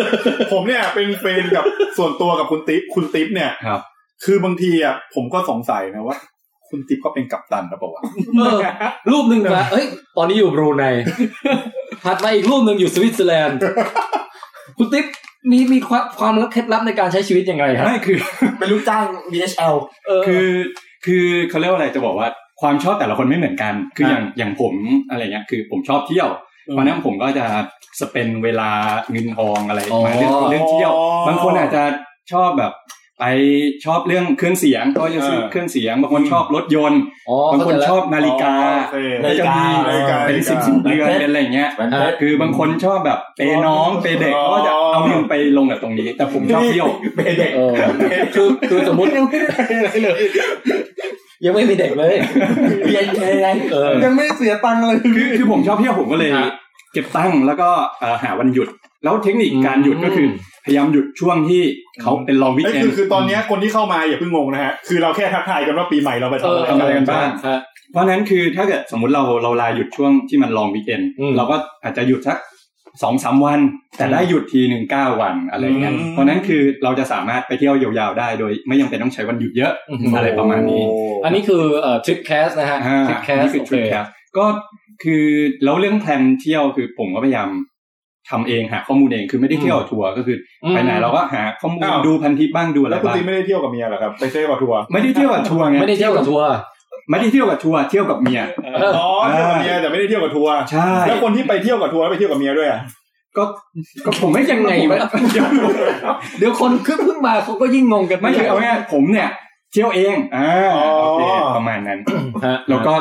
Speaker 2: [laughs] ผมเนี่ยเป็นเฟรนกับส่วนตัวกับคุณติ๊บคุณติ๊บเนี่ย
Speaker 7: ครับ
Speaker 2: คือบางทีอ่ะผมก็สงสัยนะว่า คุณติ๊บก็เป็นกัปตันหรือเปล่าวะ
Speaker 8: เออรูปหนึ่งมาเอ้ย ตอนนี้อยู่บรูไนถัดมาอีกรูปหนึ่งอยู่สวิตเซอร์แลนด์ คุณติ๊บมีมีความความเคล็ดลับในการใช้ชีวิตยังไงครับ
Speaker 7: ไม่คือ
Speaker 4: เป็นลูกจ้าง DHL
Speaker 8: เออ
Speaker 7: คือคือเขาเรียกว่าอะไรจะบอกว่าความชอบแต่ละคนไม่เหมือนกัน คืออย่างอย่างผมอะไรเงี้ยคือผมชอบเที่ยว เพราะฉะนั้นผมก็จะสเปนเวลาเงินทองอะไร
Speaker 8: อ๋อ
Speaker 7: มาเรื่องเรื่องเที่ยว
Speaker 2: อ๋อบ
Speaker 7: างคนอาจจะชอบแบบไปชอบเรื่องเครื่องเสียงก็จะซื้อ
Speaker 2: เออ
Speaker 7: เครื่องเสียงบางคนชอบรถยนต์
Speaker 8: อ๋อบ
Speaker 7: าง
Speaker 8: เข้า
Speaker 7: คน
Speaker 8: ใจแล้ว
Speaker 7: ชอบนาฬิกา
Speaker 2: โอเค
Speaker 7: นาฬิกา
Speaker 4: นาฬิกา
Speaker 2: อ
Speaker 7: เป็นสิบสิบเรือนเป็นอะไรเงี้ย
Speaker 4: มัน
Speaker 8: อ่ะ
Speaker 4: เป็น
Speaker 7: คือบางคนชอบแบบเปน้องเปเด็กก็จะเอาเงินไปลงกับตรงนี้ แต่ผมชอบเที่ยว
Speaker 4: เปเด็ก
Speaker 8: เออคือคือสมมติยังไม่มีเด็กเลย
Speaker 4: เรียนเคไง
Speaker 8: เออ
Speaker 3: ยังไม่เสียตังค์เลย
Speaker 7: คือคือผมชอบเที่ยวผมก็เลย
Speaker 8: ฮะ
Speaker 7: เก็บตั้งค์แล้วก็เอ่อหาวันหยุด แล้วเทคนิคการหยุดก็คือ
Speaker 8: อืม
Speaker 7: พยายามหยุดช่วงที่เขาเป็นลองวิก
Speaker 2: เอ้ย
Speaker 7: เอน
Speaker 2: คือ
Speaker 7: ด์
Speaker 2: คือตอนเนี้ยคนที่เข้ามาอย่าเพิ่งงงนะฮะ คือเราแค่ทักทายกันว่าปีใหม่เราไปทำอะไร
Speaker 7: เออทำอะไรกันบ้าง
Speaker 8: ฮะ
Speaker 7: เพราะฉะนั้นคือถ้าเกิดสมมติเราเราลาหยุดช่วงที่มันลองวิกเอนด์
Speaker 8: อืม
Speaker 7: เราก็อาจจะหยุดสักสองสามวัน แต่ได้หยุดทีหนึ่งเก้าวันอะไรเงี้ย
Speaker 8: อืม
Speaker 7: เพราะฉะนั้นคือเราจะสามารถไปเที่ยวยาวๆได้โดย ไม่ยังเป็นต้องใช้วันหยุดเยอะ อะไรประมาณนี้
Speaker 8: อันนี้คือเอ่อทริปแคสนะฮะ
Speaker 7: อ่า
Speaker 8: ทริปแคส
Speaker 7: นี่คือ
Speaker 8: โอ
Speaker 7: ท
Speaker 8: เค
Speaker 7: ริปแคสก็คือแล้วเรื่องแพลนเที่ยวคือผมก็พยายามทำเองหาข้อมูลเองคือไม่ได้เที่ยวกับทัวร์ก็คืออ
Speaker 8: ม
Speaker 7: ไปไหนเราก็หาข้อมูล
Speaker 2: อ้าว
Speaker 7: ดูพันทิปบ้างดูอะไร
Speaker 2: แล้วคุณ
Speaker 7: บ้าง
Speaker 2: ติ๊บไม่ได้เที่ยวกับเมียเหรอครับ ไปเที่ยวกับทัวร์
Speaker 7: ไม่ได้เที่ยวกับทัวร์ไง
Speaker 8: ไม่ได้เที่ยวกับทัวร์
Speaker 7: ไม่ได้เที่ยวกับทัวร์เที่ยวกับเมีย
Speaker 8: เออ
Speaker 2: อ๋อเที่ยวกับเมียแต่ไม่ได้เที่ยวกับทัวร์
Speaker 7: ใช่
Speaker 2: แล้วคนที่ไปเที่ยวกับทัวร์แล้วไปเที่ยวกับเมียด้วยอ่ะ
Speaker 7: ก็ก็ผมไม่ยังไงวะ
Speaker 8: เดี๋ยวคนขึ้นเพิ่งมาเขาก็ยิ่งงงกัน
Speaker 7: ไม่คือเอาง่ายๆผมเนี่ย เที่ยวเองอ่าโอเคประมาณนั้น
Speaker 8: ฮะ
Speaker 7: แล้วก็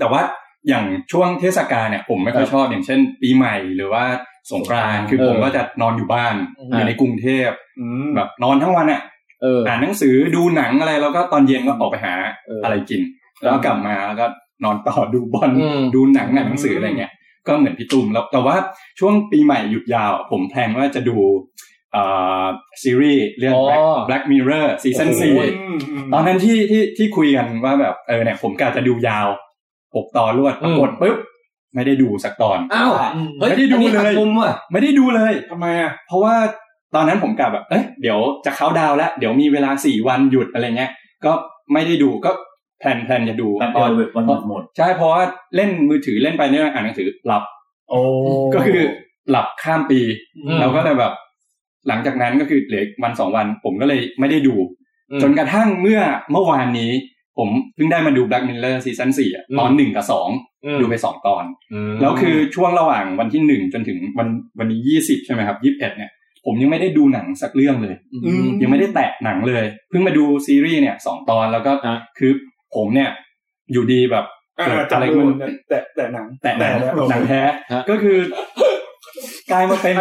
Speaker 7: แต่ว่าอย่างช่วงเทศกาลเนี่ยผมไม่ค่อยชอบอย่างเช่น ปีใหม่หรือว่าสงกรานต์คือ
Speaker 8: เออ
Speaker 7: ผมก็จะนอนอยู่บ้าน
Speaker 8: อืม
Speaker 7: อยู่ในกรุงเทพ
Speaker 2: อืม
Speaker 7: แบบนอนทั้งวันอ่ะ
Speaker 8: เออ
Speaker 7: อ่านหนังสือดูหนังอะไรแล้วก็ตอนเย็นก็ออกไปหา
Speaker 8: เอออ
Speaker 7: อะไรกิน แล้วก็กลับมาแล้วก็นอนต่อดูบอล
Speaker 8: อืม
Speaker 7: ดูหนังอ่านหนังสืออะไรเงี้ยก็เหมือนพี่ตุ้มแล้วแต่ว่าช่วงปีใหม่หยุดยาว ผมแพลนว่าจะดูเอ่อซีรีส์เรื่อง Black- Black Mirror ซีซั่นสี่
Speaker 2: อืมอืม
Speaker 7: ตอนนั้นที่ที่ที่คุยกันว่าแบบเออเนี่ยผมกะจะดูยาวหกตอนรวดปรากฏปุ๊บไม่ได้ดูสักตอน
Speaker 8: อ้าวเฮ้ย
Speaker 7: ไม่ได้ดู
Speaker 8: อันนี้หัก
Speaker 7: เลย
Speaker 8: มุมว่ะ
Speaker 7: ไม่ได้ดูเลย
Speaker 2: ทำไมอ่ะ
Speaker 7: เพราะว่าตอนนั้นผมกะแบบเอ้ยเดี๋ยวจะเข้าดาวน์แล้ว เดี๋ยวมีเวลาสี่วันหยุดอะไรเงี้ย ก็ไม่ได้ดูก็แพลนแพลนจะดู
Speaker 4: แป๊บ
Speaker 7: ต
Speaker 4: เดี
Speaker 7: อน
Speaker 4: ยววันหมดหมด
Speaker 7: ใช่เพราะว่าเล่นมือถือเล่นไปเรื่อยอ่านหนังสือหลับ
Speaker 4: โอ้
Speaker 7: ก็คือหลับข้ามปี
Speaker 8: อืม
Speaker 7: เราก็เลยแบบ หลังจากนั้นก็คือเหลือวันสองวัน ผมก็เลยไม่ได้ดู
Speaker 1: อืม
Speaker 7: จนกระทั่งเมื่อเมื่อวานนี้ ผมเพิ่งได้มาดู Black Mirror ซีซั่นสี่อะ
Speaker 1: อืม
Speaker 7: ตอนหนึ่งกับสอง
Speaker 1: อืม
Speaker 7: ดูไปสองตอน
Speaker 1: ม
Speaker 7: แล้วคือช่วงระหว่างวันที่หนึ่งจนถึงวันวันนี้ยี่สิบใช่ไหมครับยี่สิบเอ็ดเนี่ย ผมยังไม่ได้ดูหนังสักเรื่องเลย
Speaker 2: อืม
Speaker 7: ยังไม่ได้แตะหนังเลย เพิ่งมาดูซีรีส์เนี่ยสองตอนแล้วก็
Speaker 1: ฮะ
Speaker 7: คือผมเนี่ย อยู่ดีแบบ
Speaker 2: อ่า
Speaker 7: เกิด
Speaker 2: จั
Speaker 7: อะ
Speaker 2: บ
Speaker 7: ไร
Speaker 2: มื
Speaker 7: ขึ้
Speaker 2: อน แต่แต่หนัง
Speaker 7: แต่หนัง
Speaker 2: ล้ว
Speaker 7: หนังแท้
Speaker 1: ฮะ
Speaker 7: ก็คือกลายมาเป็น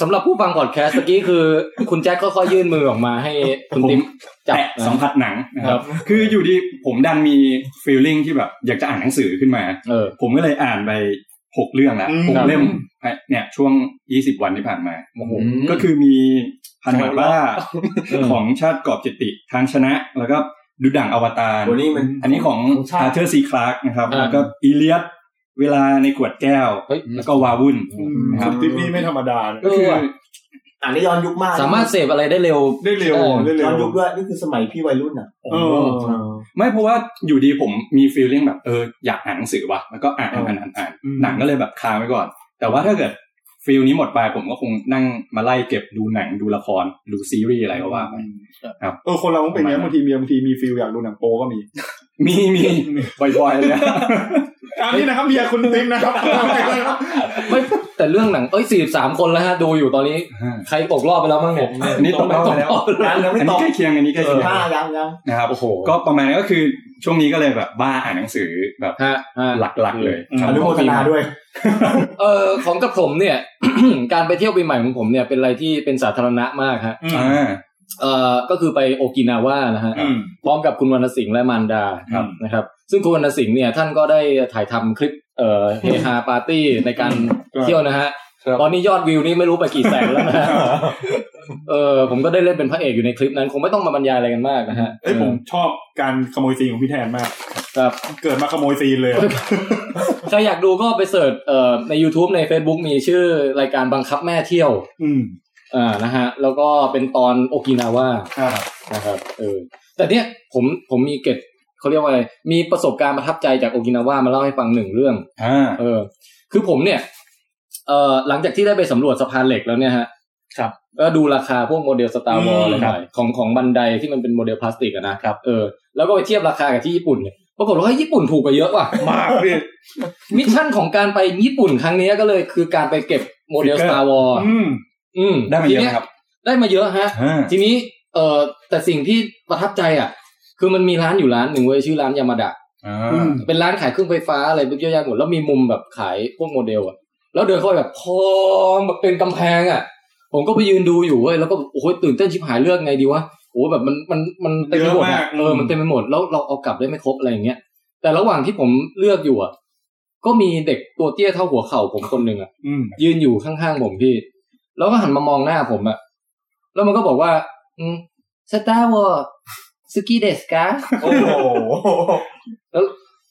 Speaker 1: สำหรับผู้ฟังพอดแคสต์เมื่อกี้คือ คุณแจ็คค่อยๆยื่นมือออกมาให้คุณ
Speaker 7: ผม
Speaker 1: ติ๊มจับ
Speaker 7: แตะสัมผัสหนังนะค
Speaker 1: ค
Speaker 7: รั
Speaker 1: รับ บ
Speaker 7: คืออยู่ดีผมดันมีฟีลลิ่งที่แบบ อยากจะอ่านหนังสือขึ้นมา
Speaker 1: เออ
Speaker 7: ผมก็เลยอ่านไปหกเรื่องละ
Speaker 2: อืม
Speaker 7: หกเล่ม
Speaker 1: ครับ
Speaker 7: เนี่ยช่วงยี่สิบวันที่ผ่านมา
Speaker 1: โอ้โห
Speaker 7: ก็คือมีพันธ
Speaker 3: แล้
Speaker 7: บ้าว ของชาติกอบจิตติทางชนะ แล้วก็ดุดังอวตาร
Speaker 4: โอ้นี่มัน
Speaker 7: อันนี้ของ
Speaker 4: ของชาติ
Speaker 7: อาเธอร์ซีคลาร์กนะครับ
Speaker 1: อ่า
Speaker 7: แล้วก็อีเลียสเวลาในขวดแก้ว
Speaker 1: เฮ้ย
Speaker 7: แล้วก็วาวุ่น
Speaker 2: อืม
Speaker 7: ครับ
Speaker 2: คุณติ๊บนี่ไม่ธรรมดานะ
Speaker 1: เอ
Speaker 7: ก็
Speaker 1: อ
Speaker 7: คือ
Speaker 1: ว่ะ
Speaker 4: อ่านได้ย้อนยุคมาก
Speaker 1: สามารถเสพอะไรได้เร็ว
Speaker 2: ได้เร็ว
Speaker 1: เออ
Speaker 2: ได้เร็
Speaker 4: ย้
Speaker 2: ว
Speaker 4: อนยุคด้วยนี่คือสมัยพี่วัยรุ่นอ่ะ
Speaker 2: เออ
Speaker 4: เออ
Speaker 7: ไม่เพราะว่าอยู่ดีผมมีฟีลลิ่งแบบเอออยากอ่านหนังสือว่ะแล้วก็อ่านอ่านอ่านอ่าน
Speaker 2: อืม
Speaker 7: หนังก็เลยแบบคาไว้ก่อน แต่ว่าถ้าเกิดฟีลนี้หมดไปผมก็คงนั่งมาไล่เก็บดูหนังดูละครดูซีรีส์อะไรก็ว่าไป ครับ
Speaker 2: เออคนเราต้องเป็นอย่างนี้ยบางทีมีบางทีมีฟิลอยากดูหนังโปก็มี
Speaker 7: มีมีบ่อยๆเลยอะ
Speaker 2: อันนี้นะครับเมียคุณติ๊บนะครับ
Speaker 1: ไม่แต่เรื่องหนังเอ้ยสี่สามคนแล้วฮะดูอยู่ตอนนี้ ใครตกรอบไปแล้วมั้งเนี่ย
Speaker 7: [laughs] อันนี้ตกรอบไปแล้ว
Speaker 4: ยังยังไม่
Speaker 7: อัน
Speaker 4: ตก
Speaker 7: นี้ใกล้เคียงอันนี้ใกล้เคียง
Speaker 4: ห้ายังยัง
Speaker 7: นะครับ
Speaker 1: โอ้โห
Speaker 7: ก็ประมาณนั้นก็คือช่วงนี้ก็เลยแบบบ้าอ่านหนังสือแบบ
Speaker 1: ฮะฮะ
Speaker 7: หลักๆเลย
Speaker 4: อนุโมทนาด้วย
Speaker 1: เออของกับผมเนี่ย [coughs] การไปเที่ยวปีใหม่ของผมเนี่ยเป็นอะไรที่เป็นสาธารณะมากฮะ
Speaker 2: อืม
Speaker 7: อ่า
Speaker 1: เออก็คือไปโอกินาว่านะฮะ
Speaker 2: อืม
Speaker 1: พร้อมกับคุณวรรณสิงห์และมารดา
Speaker 7: ครับ
Speaker 1: นะครับ ซึ่งคุณวรรณสิงห์เนี่ยท่านก็ได้ถ่ายทำคลิปเอ่อเฮฮาปาร์ตี้ในการเที่ยวนะฮะ
Speaker 3: ครับ
Speaker 1: ตอนนี้ยอดวิวนี่ไม่รู้ไปกี่แสนแล้วนะฮะเออผมก็ได้เล่นเป็นพระเอกอยู่ในคลิปนั้น คงไม่ต้องมาบรรยายอะไรกันมากนะฮะ
Speaker 2: เอ้ยผมชอบการขโมยซีนของพี่แทนมาก
Speaker 1: ครับ
Speaker 2: เกิดมาขโมยซีนเลยอะ
Speaker 1: ใครอยากดูก็ไปเสิร์ชเอ่อใน YouTube ใน Facebook มีชื่อรายการบังคับแม่เที่ยว
Speaker 2: อืม
Speaker 1: อ่านะฮะแล้วก็เป็นตอนโอกินาว่า
Speaker 2: ครับ
Speaker 1: นะครับเออแต่เนี้ยผมผมมีเก็บเขาเรียกว่าอะไรมีประสบการณ์ประทับใจจากโอกินาว่ามาเล่าให้ฟังหนึ่งเรื่อง
Speaker 7: อ่า
Speaker 1: เออ คือผมเนี่ยเอ่อหลังจากที่ได้ไปสำรวจสะพานเหล็กแล้วเนี่ยฮะ
Speaker 3: ครับ
Speaker 1: ก็ดูราคาพวกโมเดลสตาร์วอล
Speaker 2: อืม
Speaker 1: อะไรหน่อยของของบันไดที่มันเป็นโมเดลพลาสติกอะนะครับ เออแล้วก็ไปเทียบราคากับที่ญี่ปุ่นเนี่ยปรากฏว่าเฮ้ยญี่ปุ่นถูกกว่าเยอะว่ะ
Speaker 3: มากพี่
Speaker 1: มิชชั่นของการไปญี่ปุ่นครั้งเนี้ยก็เลยคือการไปเก็บโมเดลสตาร์วอล
Speaker 2: อืม
Speaker 1: อืม
Speaker 7: ได้มาเยอะไหม
Speaker 1: ที
Speaker 7: ค
Speaker 1: นี้
Speaker 7: รับ
Speaker 1: ได้มาเยอะฮะ
Speaker 7: อ่า
Speaker 1: ทีนี้เออแต่สิ่งที่ประทับใจอ่ะ คือมันมีร้านอยู่ร้านหนึ่งเว้ยชื่อร้านยามาดะ
Speaker 7: อ่
Speaker 2: อื
Speaker 7: าม
Speaker 1: เป็นร้านขายเครื่องไฟฟ้าอะไรพวกเยอะแยะหมดแล้วมีมุมแบบขายพวกโมเดลอ่ะแล้วเดินเข้าไปแบบพองแบบเป็นกำแพงอ่ะ ผมก็ไปยืนดูอยู่เว้ยแล้วก็โอ้ยตื่นเต้นชิบหายเลือกไงดีวะโอ้ยแบบมันมันมันเต็มไปหมดอ่ะเออมันเต็มไปหมดแล้วเราเอากลับได้ไม่ครบอะไรอย่างเงี้ยแต่ระหว่างที่ผมเลือกอยู่อ่ะก็มีเด็กตัวเตี้ยเท่าหัวเข่าผมคนหนึ่งอ่ะ
Speaker 2: อืม
Speaker 1: ยืนอยู่ข้างๆผมพี่ แล้วก็หันมามองหน้าผมอะแล้วมันก็บอกว่า อืมสตาร์วอสกีเดสกา
Speaker 4: โอ้โห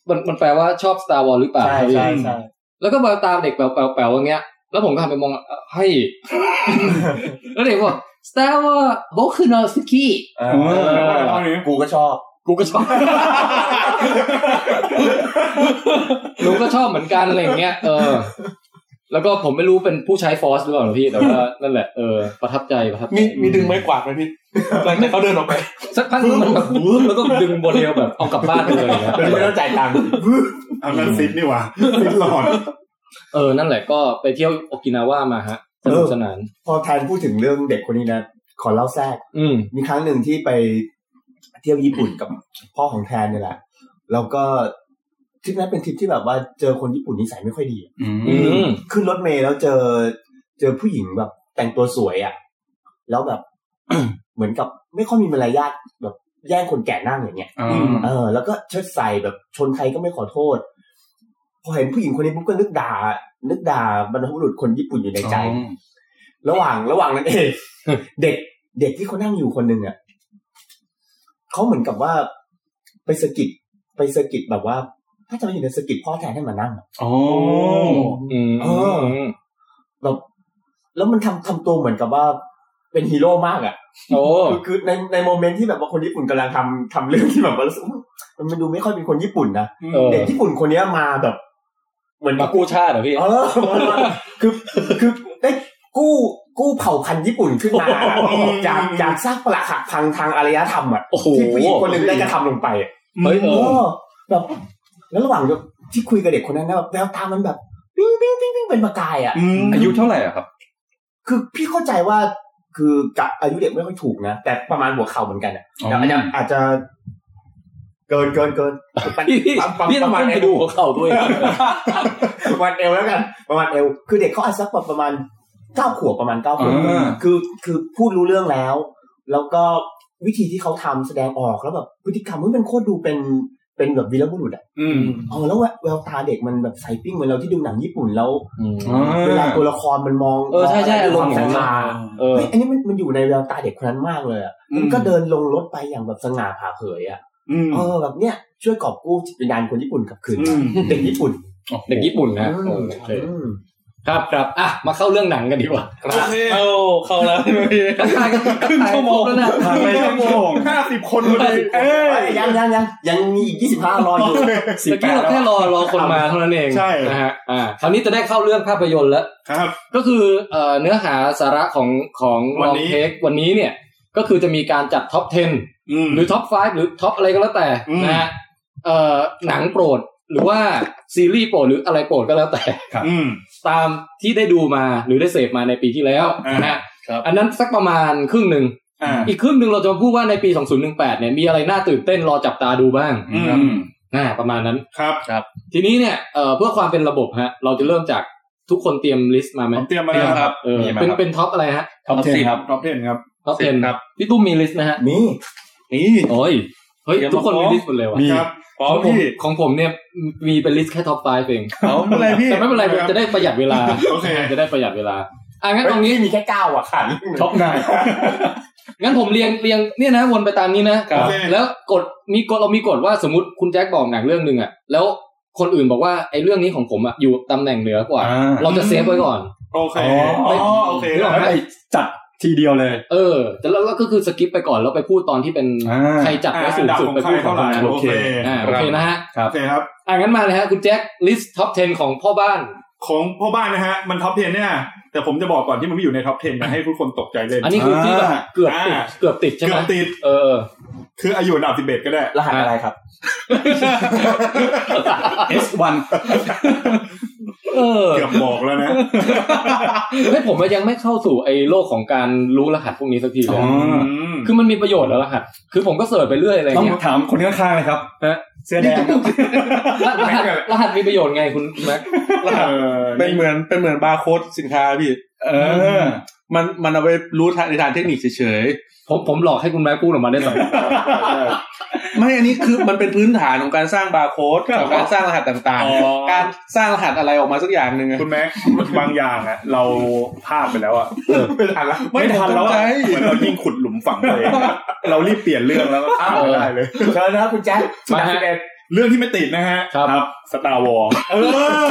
Speaker 1: มันมันแปลว่าชอบ Star Wars หรือเปล่า
Speaker 4: ใช่
Speaker 1: ครับพี่
Speaker 4: ใช่ใช่
Speaker 1: แล้วก็มาตามเด็กแปลวๆๆอย่างเงี้ย แล้วผมก็หันไปมองให้ [laughs] แล้วเด็กบอก Star Wars บอกคือโนสกี
Speaker 4: เอ
Speaker 2: เอ
Speaker 4: อ
Speaker 2: อเอาอันนี้
Speaker 4: กูก็ชอบ
Speaker 1: กูก็ชอบ [laughs] หนูก็ชอบเหมือนกันอะไรอย่างเงี้ย เออ แล้วก็ผมไม่รู้เป็นผู้ใช้ฟอสหรือเปล่านะพี่ แต่ว่านั่นแหละ เออ ประทับใจประทับใจ
Speaker 3: มีมีดึงไม้กวาดไหมพี่หลังจากเขาเดินออกไป
Speaker 1: สักพักหนึ่งมันแบบวืบแล้วก็ดึงโมเดลแบบเอากลับบ้านไปเลยนะ
Speaker 4: ไม่ต้องจ่ายตังค์
Speaker 2: อันนั้นซิดนี่หว่าซิดหลอด
Speaker 1: เออ นั่นแหละก็ไปเที่ยวโอกินาว่ามาฮะสนุกสนาน
Speaker 4: พอแทนพูดถึงเรื่องเด็กคนนี้นะ ขอเล่าแทรก
Speaker 1: อืม
Speaker 4: มีครั้งหนึ่งที่ไปเที่ยวญี่ปุ่นกับพ่อของแทนเนี่ยแหละ แล้วก็ทริปนั้นเป็นทริปที่แบบว่าเจอคนญี่ปุ่นนิสัยไม่ค่อยดีอะ
Speaker 7: อืม
Speaker 1: อืม
Speaker 4: ขึ้นรถเมล์แล้วเจอเจอผู้หญิงแบบแต่งตัวสวยอะ่ะ แล้วแบบ เหมือนกับไม่ค่อยมีมารยาทแบบแย่งคนแก่นั่งอย่างเงี้ย
Speaker 7: อ่า
Speaker 4: เออ แล้วก็เชิดใส่แบบชนใครก็ไม่ขอโทษ พอเห็นผู้หญิงคนนี้ปุ๊บก็นึกด่า นึกด่าบรรพบุรุษคนญี่ปุ่นอยู่ในใจ ระหว่างระหว่างนั้นเอง [laughs] เด็กเด็กที่เขานั่งอยู่คนหนึ่งอ่ะเขาเหมือนกับว่าไปสะกิดไปสะกิดแบบว่า ถ้าจะไม่อยู่ในสะกิดพ่อแทนให้มานั่งอะ
Speaker 7: อ๋อ
Speaker 1: อืม
Speaker 4: แบบแล้วมันทำทำตัวเหมือนกับว่าเป็นฮีโร่มากอ่ะ
Speaker 1: โอ้
Speaker 4: คือคือในในโมเมนต์ที่แบบว่าคนญี่ปุ่นกำลังทำทำเรื่องที่แบบว่ารู้สึกว่ามันมันดูไม่ค่อยเป็นคนญี่ปุ่นนะ
Speaker 1: เออ
Speaker 4: เด็กญี่ปุ่นคนเนี้ยมาแบบ เหมือน [laughs]
Speaker 1: มากู้ชาติเหรอพี่
Speaker 4: เออมามาคือคือได้ กู้กู้เผ่าพันธุ์ญี่ปุ่นขึ้นมา
Speaker 2: โอ้โห
Speaker 4: จากจากซากปรักหักพังทางอารยธรรมอ่ะ
Speaker 3: โอ้โห
Speaker 4: ที่ผู้หญิงคนหนึ่งได้กระทำลงไปอะ
Speaker 1: เฮ้ยเออ
Speaker 4: ก็แบบแล้วระหว่างที่คุยกับเด็กคนนั้นนะแบบแววตามันแบบปิ้งปิ้งปิ้งปิ้งเป็นประกายอ่ะ
Speaker 2: อืม
Speaker 7: อายุเท่าไหร่อะครับ
Speaker 4: คือพี่เข้าใจว่าคือกะอายุเด็กไม่ค่อยถูกนะ แต่ประมาณหัวเข่าเหมือนกันอะ
Speaker 7: อ๋อ
Speaker 4: แต่อาจจะอาจจะ เกินเกินเกิน
Speaker 1: [laughs] พี่พี่
Speaker 4: ประ
Speaker 1: พี่ต้อง
Speaker 4: มาณ
Speaker 1: ขึ้นไป
Speaker 4: เอว
Speaker 1: ดูหัวเข่าด้วย
Speaker 4: ประมาณเอวแล้วกัน ประมาณเอวคือเด็กเขาอาจสักประมาณเก้าขวบประมาณเก้าขวบ
Speaker 7: อ่า
Speaker 4: คือคือพูดรู้เรื่องแล้ว แล้วก็วิธีที่เขาทำแสดงออกแล้วแบบพฤติกรรมมันเป็นโคตรดูเป็นเป็นแบบวีรบุรุษอะ
Speaker 2: อืม
Speaker 4: เออแล้วแวแววตาเด็กมันแบบใสปิ้งเหมือนเราที่ดูหนังญี่ปุ่นแล้ว
Speaker 7: อ่า
Speaker 4: เวลาตัวละครมันมอง
Speaker 1: เออใช่ใช่อารมณ์
Speaker 4: มงสายตา
Speaker 1: เออ
Speaker 4: เฮ้ยอันนี้มันมันอยู่ในแววตาเด็กคนนั้นมากเลยอ่ะ
Speaker 2: อืม
Speaker 4: มันก็เดินลงรถไปอย่างแบบสง่าผ่าเผยอ่ะ
Speaker 2: อืม
Speaker 4: เออแบบเนี้ยช่วยกอบกู้จิตวิญญาณคนญี่ปุ่นกลับคืน
Speaker 2: อื
Speaker 4: มาม เด็กญี่ปุ่น
Speaker 1: เด็กญี่ปุ่นนะเออโอเคครับครับอ่ะมาเข้าเรื่องหนังกันดีกว่า
Speaker 2: โอเค
Speaker 3: เอ้าเข้าแล้วใช่ไหมพี่
Speaker 1: ทักทายกัน
Speaker 3: ครึ่งชั่วโมง
Speaker 1: แล้วนะ
Speaker 7: ผ่านไปชั่วโมง
Speaker 2: ห้าสิบคนพอดีเอ้
Speaker 4: เอ้
Speaker 2: ย
Speaker 4: ยยังยังยังยังมีอีก 25 รออยู่
Speaker 1: เมื่อกี้เราแค่รอรอคนมาเท่านั้นเอง
Speaker 2: ใช่
Speaker 1: นะฮะอ่าคราวนี้จะได้เข้าเรื่องภาพยนตร์แล้ว
Speaker 2: ครับ
Speaker 1: ก็คือเอ่อเนื้อหาสาระของของ
Speaker 2: วัน
Speaker 1: ลอง
Speaker 2: นี้
Speaker 1: เทควันนี้เนี่ย ก็คือจะมีการจัดท็อป 10
Speaker 2: อืม
Speaker 1: หรือท็อป 5 หรือท็อปอะไรก็แล้วแต่
Speaker 2: อืม
Speaker 1: นะฮะเอ่อหนังโปรดหรือว่าซีรีส์โปรดหรืออะไรโปรดก็แล้วแต่
Speaker 2: อืม
Speaker 1: ตามที่ได้ดูมาหรือได้เสพมาในปีที่แล้ว
Speaker 2: อ่า
Speaker 1: นะฮะ
Speaker 3: ครับ
Speaker 1: อันนั้นสักประมาณครึ่งหนึ่ง
Speaker 2: อ่า
Speaker 1: อีกครึ่งหนึ่งเราจะมาพูดว่าในปี 2018 เนี่ยมีอะไรน่าตื่นเต้นรอจับตาดูบ้าง
Speaker 2: อืม
Speaker 1: นะครับอ่าประมาณนั้น
Speaker 2: ครับ
Speaker 1: ทีนี้เนี่ยเอ่อเพื่อความเป็นระบบฮะเราจะเริ่มจากทุกคนเตรียมลิสต์มาไห
Speaker 2: ผมมเตรียมมาแล้ว
Speaker 3: ครับ
Speaker 1: เออ
Speaker 7: มีมา
Speaker 1: เป็น
Speaker 7: ครับ
Speaker 1: เป็นท็อปอะไรฮะ
Speaker 7: ท็อป
Speaker 3: Top 10
Speaker 7: 10ครับ
Speaker 2: ท็อปเทนครับ
Speaker 1: ท็อป
Speaker 3: สิบ
Speaker 1: 10
Speaker 3: ครับ
Speaker 1: พี่ตุ้มมีลิสต์นะฮะ
Speaker 4: มี
Speaker 3: นี่
Speaker 1: โอ้ย เฮ้ย
Speaker 3: เดี๋ยว
Speaker 1: ทุกคน
Speaker 3: มา
Speaker 1: มีลิ
Speaker 3: ฟ้อง
Speaker 1: สต์หมดเลยว่ะ
Speaker 7: มี
Speaker 2: ครับ
Speaker 3: พร้อ
Speaker 1: ข
Speaker 3: ม
Speaker 1: องผม
Speaker 2: พี่
Speaker 1: ของผมเนี่ยมีเป็นลิสต์แค่ท็อป5เอง
Speaker 3: เอา
Speaker 2: ไม่เป็นไรพี่
Speaker 1: แต่ไม่เป็นไร
Speaker 2: คบ
Speaker 1: จะได้ประหยัดเวลา
Speaker 2: โอเค
Speaker 1: จะได้ประหยัดเวลา อ่ะงั้นตรงนี้
Speaker 4: เฮ้ยพี่มีแค่ 9 อ่ะขัน
Speaker 7: ท็อปนาย
Speaker 1: งั้นผมเรียงเรียงเนี่ยนะวนไปตามนี้นะ
Speaker 3: ครับ
Speaker 2: โอเค
Speaker 1: แล้วกฎมีกฎเรามีกฎว่าสมมติคุณแจ็คบอกหนังเรื่องหนึ่งอ่ะ แล้วคนอื่นบอกว่าไอ้เรื่องนี้ของผมอ่ะอยู่ตำแหน่งเหนือกว่า
Speaker 7: อ่า
Speaker 1: เราจะเซฟไว้ก่อน
Speaker 2: โอเค
Speaker 7: อ๋
Speaker 2: อ๋
Speaker 7: อ
Speaker 2: อ โอเค
Speaker 1: เรื่อง
Speaker 7: แล้วไปจัดทีเดียวเลย
Speaker 1: เออแต่แล้วเราก็คือสกิปไปก่อนแล้วไปพูดตอนที่เป็น
Speaker 7: อ่า
Speaker 1: ใครจัดไว้สูงสุดไปพูดของคนนั้น
Speaker 2: โอเค
Speaker 1: อ่าโอเคนะฮะ
Speaker 2: โอเคครับ
Speaker 1: อ่ะงั้นมาเลยฮะ คุณแจ็คลิสต์ท็อป 10 ของพ่อบ้าน
Speaker 2: ของพ่อบ้านนะฮะ มันท็อปเทนเนี่ย แต่ผมจะบอกก่อนที่มันไม่อยู่ในท็อปเทนนะให้ทุกคนตกใจเลย
Speaker 1: อันนี้คือที่แบบ
Speaker 7: อ่า
Speaker 1: เกือบติด
Speaker 2: อ่า
Speaker 1: เกือบติดใช่ไห
Speaker 2: เกื
Speaker 1: ม
Speaker 2: อบติด
Speaker 1: เออ
Speaker 2: คืออายุอันดับสิบเอ็ดก็ได้
Speaker 4: รหัสอะไรครับ
Speaker 7: S1
Speaker 1: เออ
Speaker 2: เกือบบอกแล้วนะ
Speaker 1: ให้ยผมว่ายังไม่เข้าสู่ไอ้โลกของการรู้รหัสพวกนี้สักทีเลย
Speaker 7: อ๋อ
Speaker 2: อืม
Speaker 1: คือมันมีประโยชน์แล้วรหัส คือผมก็เสิร์ชไปเรื่อยอะไร
Speaker 7: ต้อง
Speaker 1: เงี้ย
Speaker 7: ถามคนข้างๆเลยครับ
Speaker 1: ฮะ
Speaker 7: เสื้อแดง
Speaker 1: รหัสรหัสรหัสมีประโยชน์ไงคุณแม็ก
Speaker 3: รหัสเป็นเหมือนเป็นเหมือนบาร์โค้ดสินค้าพี่
Speaker 7: เออ
Speaker 3: มันมันเอาไว้รู้ทางในทางเทคนิคเฉย
Speaker 1: ผมผมหลอกให้คุณแม็กพูดออกมาได้สอง
Speaker 3: ๆ ไม่อันนี้คือมันเป็นพื้นฐานของการสร้างบาร์โค้ดกับการสร้างรหัสต่าง
Speaker 2: อ๋อ
Speaker 3: ๆ การสร้างรหัสอะไรออกมาสักอย่างหนึ่งอะ
Speaker 2: คุณแม็กบางอย่างอะเราพลาดไปแล้วอะไม่ทันแล้ว
Speaker 3: ไม่ทันแล้วอะ
Speaker 2: เหมือนเรายิ่งขุดหลุมฝังตัวเลยเรารีบเปลี่ยนเรื่องแล้วก็ข้ามไม่ได้เลย
Speaker 4: เชิญนะครับคุณแจ๊ค
Speaker 1: มาฮะ
Speaker 2: เรื่องที่ไม่ติดนะฮะ
Speaker 1: ครับ
Speaker 2: สตาร์วอลเออ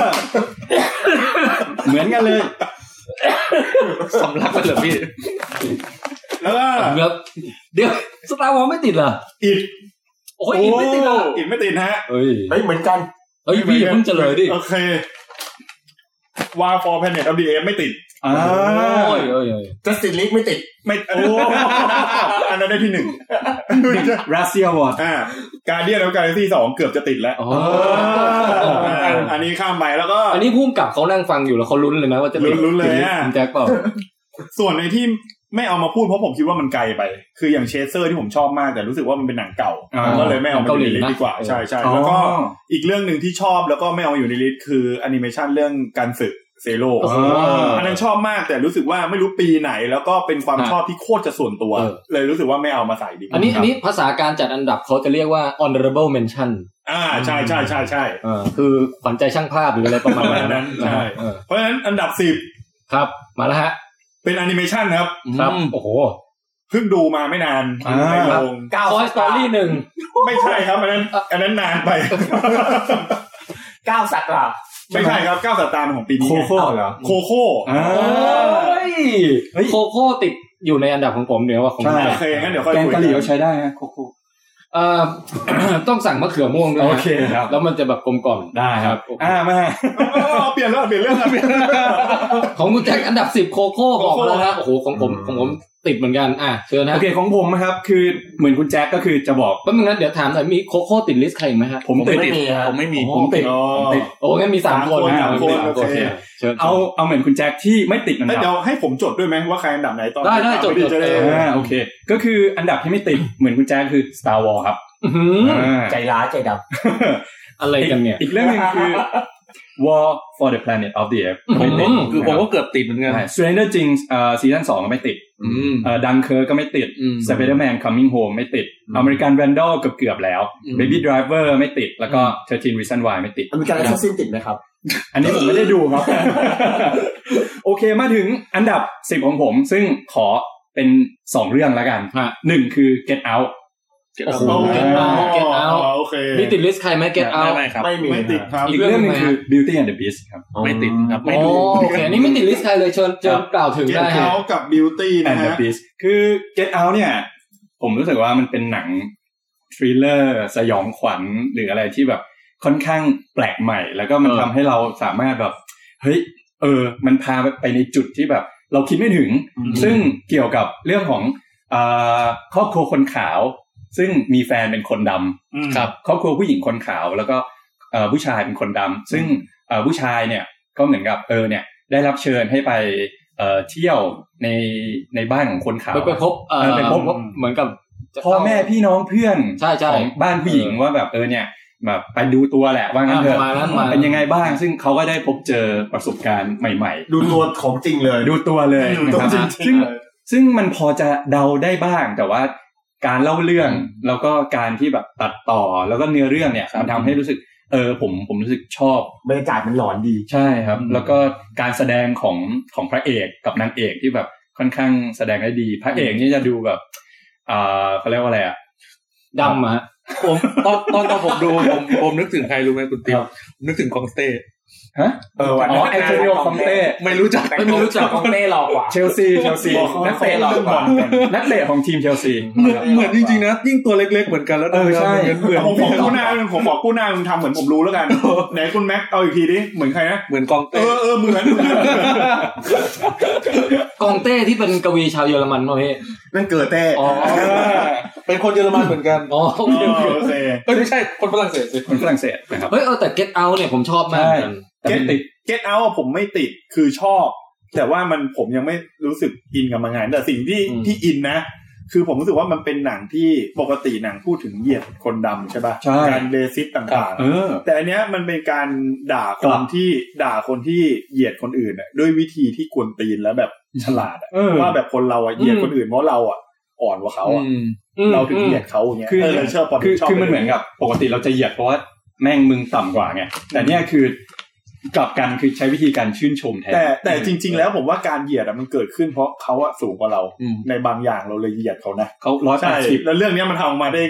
Speaker 7: เหมือนกันเลย
Speaker 3: สำลักไปเลยพี่
Speaker 2: แล้วก็
Speaker 1: ครับเดี๋ยวสตาร์วอลไม่ติดเหรอ
Speaker 2: อิด
Speaker 1: โอ้ยอินไม่ติดเหรอ
Speaker 2: อิดไม่ติดนะฮะ
Speaker 1: เฮ้ย
Speaker 4: เฮ้ยเหมือนกัน
Speaker 1: เฮ้ยพี่อย่าเพิ่งเฉลยดิ
Speaker 2: โอเควาฟอร์แพนเน็ตออฟดีเอไม่ติด
Speaker 7: อ่า
Speaker 1: โอ้ยเอ้ยเอ้ย
Speaker 4: Justice League ไม่ติด
Speaker 2: ไม่โอ้อันนั้นได้ที่หนึ่ง
Speaker 7: รัสเซียวอร์ด
Speaker 2: อ่าการเดียนแล้วการที่สองเกือบจะติดแล้ว
Speaker 1: อ๋อ
Speaker 2: อ่าอันนี้ข้ามไปแล้วก็
Speaker 1: อันนี้พุ่มกับเขานั่งฟังอยู่แล้วเขาลุ้นเลยนะว่าจะติด
Speaker 2: ลุ้นๆเลย
Speaker 1: ติด
Speaker 2: อะ
Speaker 1: คุณแจ็คเปล่า
Speaker 2: ส่วนในที่ไม่เอามาพูดเพราะผมคิดว่ามันไกลไป คืออย่างเชสเซอร์ที่ผมชอบมากแต่รู้สึกว่ามันเป็นหนังเก่า
Speaker 7: อ่า
Speaker 2: ก็เลยไม่เอามาอยู่ในลิส
Speaker 1: เกาหลีนะ
Speaker 2: ต์ดีกว่าใช่ใช่แล้วก็อีกเรื่องหนึ่งที่ชอบแล้วก็ไม่เอามาอยู่ในลิสต์คือแอนิเมชันเรื่องการศึกเซโล
Speaker 1: โอ้โห
Speaker 2: อันนั้นชอบมากแต่รู้สึกว่าไม่รู้ปีไหน แล้วก็เป็นความชอบที่โคตรจะส่วนตัว
Speaker 1: เออ
Speaker 2: เลยรู้สึกว่าไม่เอามาใส่ดีกว่า
Speaker 1: อันนี้
Speaker 2: ครับ
Speaker 1: อันนี้ภาษาการจัดอันดับเขาจะเรียกว่า honorable mention
Speaker 2: อ่าใช่ใช่ใช่ใช่
Speaker 1: เออคือขวัญใจช่างภาพหรืออะไรประมาณ
Speaker 2: ประมาณนั้
Speaker 1: นั้น นนะ
Speaker 2: ใช่
Speaker 1: ฮะเออ
Speaker 2: เพราะฉะนั้นอันดับสิบ
Speaker 1: ครับ มาแล้วฮะ
Speaker 2: เป็นแอนิเมชันครับ
Speaker 1: ครับ
Speaker 7: อืม
Speaker 1: โอ้โห
Speaker 2: เพิ่งดูมาไม่นาน
Speaker 7: อ่า
Speaker 2: ในโรง
Speaker 1: คอย
Speaker 4: 9
Speaker 1: s ตอรี่หนึ่ง
Speaker 2: ไม่ใช่ครับอันนั้นอันนั้นนานไป
Speaker 4: 9สัตว์ล่ะ
Speaker 2: ไม่ใช่ครับเก้าสัตว์ตามของปีนี้
Speaker 7: โค
Speaker 2: ไง
Speaker 7: โค่เหรอ
Speaker 2: โคโค่
Speaker 7: อ่า
Speaker 1: โอ้ยโคโค่ติดอยู่ในอันดับของผมเหนือกว่าของ
Speaker 7: ใช่
Speaker 1: คุณ
Speaker 2: โอเคงั้นเดี๋ยวค่อย
Speaker 7: แกง
Speaker 2: คุย
Speaker 7: กะหรี่เราใช้ได้นะโคโค่
Speaker 1: เอ่ [coughs] อ ต้องสั่งมะเขือม่วงด้วยนะ
Speaker 7: โอเคครับ
Speaker 1: แล้วมันจะแบบกลมกล่อม
Speaker 7: ได้ครับ
Speaker 1: โอเค
Speaker 7: อ่ามา
Speaker 2: เปลี่ยนเรื่องเปลี่ยนเรื่อง
Speaker 1: ของคุณแจ็คอันดับสิบโคโค่บอก
Speaker 2: โคโค่
Speaker 1: แล้วนะโอ้โหของผม
Speaker 7: อืม
Speaker 1: ของผมติดเหมือนกันอ่ะเชิญนะ
Speaker 7: โอเคของผมนะครับ คือเหมือนคุณแจ็คก็คือจะบอก
Speaker 1: แป๊บนึงนะเดี๋ยวถามหน่อยมีโคโค่ติดลิสต์ใครอีกไหมฮะ
Speaker 7: ผมติด
Speaker 3: ไม่มีครับผมไม่มี
Speaker 1: อ๋อ
Speaker 7: ผมติด
Speaker 2: อ๋อ
Speaker 7: ผมติด
Speaker 1: โอ้งั้นมีสามคน
Speaker 7: สามคน
Speaker 1: อ่ะ
Speaker 7: สามคน
Speaker 1: โอเคเชิญ
Speaker 7: เอาเอาเหมือนคุณแจ็คที่ไม่ติดอัน
Speaker 2: แล้ว
Speaker 7: ดับ
Speaker 2: เดี๋ยวให้ผมจดด้วยไหมว่าใครอันดับไหนตอน
Speaker 1: ได้ได้จด
Speaker 2: ม่จะได้
Speaker 1: จด
Speaker 7: อ่าโอเค ก็คืออันดับที่ไม่ติด เหมือนคุณแจ็คคือ Star Wars ครับ
Speaker 1: อื้อหือ
Speaker 7: อ่า
Speaker 4: ใจร้ายใจด
Speaker 1: อะไร
Speaker 7: อีก
Speaker 1: กันเนี่ย
Speaker 7: อีกเรื่องหนึงคือ War for the Planet of the Apes ไม่ติ
Speaker 1: อื
Speaker 7: ด
Speaker 1: ม
Speaker 3: คือผมก็เกือบติดเหมือนกัน
Speaker 7: ใช่ Stranger Things เอ่อซีซั่นสองก็ไม่ติด
Speaker 3: อืม
Speaker 7: ดังเคิร์ก็ไม่ติด
Speaker 1: อืม
Speaker 7: Spider-Man Coming Home ไม่ติด
Speaker 1: อืม
Speaker 7: American Vandal เกือบเกือบๆแล้ว
Speaker 3: อืม
Speaker 7: Baby Driver ไม่ติด แล้วก็ 13 Reason Why ไม่ติด
Speaker 4: ำอเมริกันแอสซัสซินติดไหมครับ
Speaker 7: อันนี้ผมไม่ได้ดูครับ [laughs] โอเคมาถึงอันดับสิบของผม ซึ่งขอเป็นสองเรื่องแล้วกัน
Speaker 1: ฮะ
Speaker 7: หนึ่งคือ Get Out
Speaker 1: โอ้โห
Speaker 2: โอเค
Speaker 1: Get out Get
Speaker 2: อ๋
Speaker 1: out
Speaker 2: อโอเค
Speaker 1: มีติดลิสต์ใครไหมเก็ตเอา
Speaker 3: ไม่ไม่ครับ
Speaker 4: ไม่มี
Speaker 2: ไม่ติดครับ
Speaker 7: อีกเรื่องหนึงคือ Beauty and the Beast ครับ
Speaker 3: ไม่ติดครับไม่
Speaker 1: โอ้
Speaker 3: ดู
Speaker 1: โอเคอันนี้ไม่ติดลิสต์ใครเลยเชิญเชิญกล่าวถึง
Speaker 2: Get
Speaker 1: ได้ฮะ
Speaker 2: Out กับ Beauty
Speaker 7: and
Speaker 2: นะ
Speaker 7: the
Speaker 2: ฮะ
Speaker 7: Beast คือ Get Out เนี่ย ผมรู้สึกว่ามันเป็นหนังทริลเลอร์ สยองขวัญหรืออะไรที่แบบค่อนข้างแปลกใหม่ แล้วก็มัน
Speaker 1: เออ
Speaker 7: ทำให้เราสามารถแบบ เฮ้ย เออ มันพาไปในจุดที่แบบ เราคิดไม่ถึง ซึ่งเกี่ยวกับเรื่องของอาครอบครัวคนขาว ซึ่งมีแฟนเป็นคนดำ
Speaker 2: อืม
Speaker 3: ครับ
Speaker 7: ครอบครัวผู้หญิงคนขาว แล้วก็เอ่อผู้ชายเป็นคนดำซึ่งเอ่อผู้ชายเนี่ยก็เหมือนกับเออเนี่ยได้รับเชิญให้ไปเอ่อเที่ยวในในบ้านของคนขาว
Speaker 1: ไปไปพบเอ่อ
Speaker 7: เออไปพบ
Speaker 1: เหมือนกับ
Speaker 7: พ่อแม่พี่น้องเพื่อน
Speaker 1: ใช่ใช่
Speaker 7: ของบ้านผู้หญิง
Speaker 1: เออ
Speaker 7: ว่าแบบเออเนี่ยแบบไปดูตัวแหละว่างั้นเถอะ
Speaker 1: อ่ะประมาณนั้นประมาณนั้น
Speaker 7: เป็นยังไงบ้าง ซึ่งเขาก็ได้พบเจอประสบการณ์ใหม่ ๆ
Speaker 4: ดูตัวของจริงเลย
Speaker 7: ดูตัวเลย
Speaker 2: ดูตัว
Speaker 7: นะครับ
Speaker 2: จริ
Speaker 7: ซึ่
Speaker 2: ง
Speaker 7: ง
Speaker 2: ๆเลย
Speaker 7: ซึ่งมันพอจะเดาได้บ้างแต่ว่าการเล่าเรื่องแล้วก็การที่แบบตัดต่อแล้วก็เนื้อเรื่องเนี่ย
Speaker 3: ครับ
Speaker 7: มันทำให้รู้สึกเออผมผมรู้สึกชอบบ
Speaker 4: รรยากาศมันหลอนดี
Speaker 7: ใช่ครับ แล้วก็การแสดงของของพระเอกกับนางเอกที่แบบค่อนข้างแสดงได้ดี พระเอกนี่จะดูแบบอ่าเขาเรียกว่าอะไรอ่ะ
Speaker 1: ดำอะฮะ
Speaker 3: ผมตอนตอนตอนผมดูผมผมนึกถึงใครรู้ไหมคุณติ๊
Speaker 7: ค
Speaker 3: บ
Speaker 7: รับ
Speaker 3: นึกถึงคองสเต้
Speaker 7: ฮะ
Speaker 4: เออวัน
Speaker 7: อ๋อแอนโทนิโอคอมเต้
Speaker 3: ไม่รู้จัก
Speaker 1: ไม่รู้จัก
Speaker 4: ของเต้หลอกกว่า
Speaker 7: เชลซีเชลซี
Speaker 4: บอกเขา
Speaker 7: นักเตะ
Speaker 4: เตะหลอกกว่า
Speaker 7: นักเตะของทีมเชลซี
Speaker 3: เหมือนเหมือนจริงๆนะยิ่งตัวเล็กๆเหมือนกันแล้ว
Speaker 7: เออใช่
Speaker 3: เหมือนเหมื
Speaker 2: ผ
Speaker 3: อน
Speaker 2: มบอกกู้หน้ามึงผมบอกกู้หน้ามึงทำเหมือนผมรู้แล้วกัน ไหนคุณแม็กเอาอีกทีดิเหมือนใครนะ
Speaker 3: เหมือนกอง
Speaker 2: เอ
Speaker 3: เต้
Speaker 2: อเออเหมือนเหมือน
Speaker 1: กองเต้ที่เป็นกวีชาวเยอรมันมาพี่
Speaker 2: นั่นเกิดแต่
Speaker 1: อ๋อ
Speaker 3: เป็นคนเยอรมันเหมือนกัน
Speaker 1: อ๋อโอ
Speaker 2: โอ
Speaker 1: เคโอเค
Speaker 2: เค
Speaker 3: เอ้ยไม่ใช่คนฝรั่งเศสสิ
Speaker 7: คนฝรั่งเศสนะครับ
Speaker 1: เฮ้ยเออแต่ Get Out เนี่ยผมชอบมาก
Speaker 7: ใช่
Speaker 1: กัน
Speaker 7: แต่ไม่ติด
Speaker 2: Get Out อะผมไม่ติดคือชอบ แต่ว่ามันผมยังไม่รู้สึกอินกับมันไงแต่สิ่งที่ที่อินนะ คือผมรู้สึกว่ามันเป็นหนังที่ปกติหนังพูดถึงเหยียดคนดำใช่ปะ
Speaker 7: ใช่
Speaker 2: การเลซิสต่าง
Speaker 7: เออ
Speaker 2: ๆ แต่อันเนี้ยมันเป็นการด่าค
Speaker 7: กลั
Speaker 2: น
Speaker 7: บ
Speaker 2: ที่ด่าคนที่เหยียดคนอื่นอะด้วยวิธีที่กวนตีนและแบบฉลาดอะ
Speaker 7: เออ
Speaker 2: ว่าแบบคนเราอะเหยียดคนอื่นเพราะเราอะอ่อนกว่าเขาอะ
Speaker 3: อืม
Speaker 1: อืม
Speaker 2: เราถึงเหยียดเขาอย่างเงี้ย
Speaker 7: คือ
Speaker 2: เออเชื่อปอ
Speaker 7: คือ
Speaker 2: ชอบ
Speaker 7: คือมันเหมือนกับปกติเราจะเหยียดเพราะว่าแม่งมึงต่ำกว่าไง แต่เนี่ยคือกลับกันคือใช้วิธีการชื่นชมแทน
Speaker 2: แต่แต่จริง ๆ แล้วผมว่าการเหยียดอะมันเกิดขึ้นเพราะเขาอะสูงกว่าเรา
Speaker 3: อืม
Speaker 2: ในบางอย่างเราเลยเหยียดเขานะ
Speaker 7: เขาร้อยแป
Speaker 2: ใช่
Speaker 7: ดสิบ
Speaker 2: แล้วเรื่องเนี้ยมันทำออกมาได้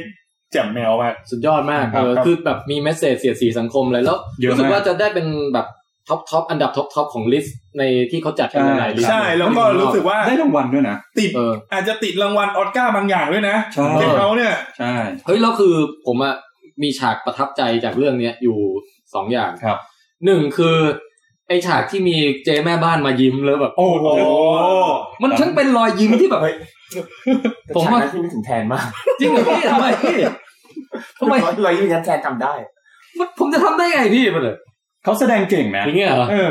Speaker 2: แจ่มแนวมาก
Speaker 1: สุดยอดมาก
Speaker 7: ครั
Speaker 1: เอบ อคือแบบมีเมสเซจเสียดสีสังคมเลยแล้ว
Speaker 7: เยอะมาก
Speaker 1: รู้สึกว่าจะได้เป็นแบบท็อปท็อปอันดับท็อปท็อปของลิสต์ในที่เขาจัดกันหลายๆลิสต์
Speaker 2: ใช่ แล้วก็รู้สึกว่า
Speaker 7: ได้รางวัลด้วยนะ
Speaker 2: ติด
Speaker 1: เออ
Speaker 2: อาจจะติดรางวัลออสการ์บางอย่างด้วยนะ
Speaker 7: ใช่
Speaker 2: เด็กเขาเนี่ย
Speaker 7: ใช่
Speaker 1: เฮ้ยแล้วคือผมอะมีฉากประทับใจจากเรื่องเนี้ยอยู่สองอย่าง
Speaker 7: ครับ
Speaker 1: หนึ่งคือไอฉากที่มีเจ๊แม่บ้านมายิ้มแล้วแบบ
Speaker 7: โอ้โห
Speaker 1: มันทั้งเป็นรอยยิ้มที่แบบ
Speaker 4: เฮ้ย
Speaker 1: ผม
Speaker 4: ฉาก
Speaker 1: ว่า
Speaker 4: นั้นที่นึกถึงแทนมาก
Speaker 1: จริงเหรอพี่ทำไมพี่ทำไม
Speaker 4: รอยยิ้มยันแทนจำได้
Speaker 1: มันผมจะทำได้ไงพี่มันเลย
Speaker 7: เขาแสดงเก่งนะ
Speaker 1: อย่างเงี้ยเหรอ
Speaker 7: เออ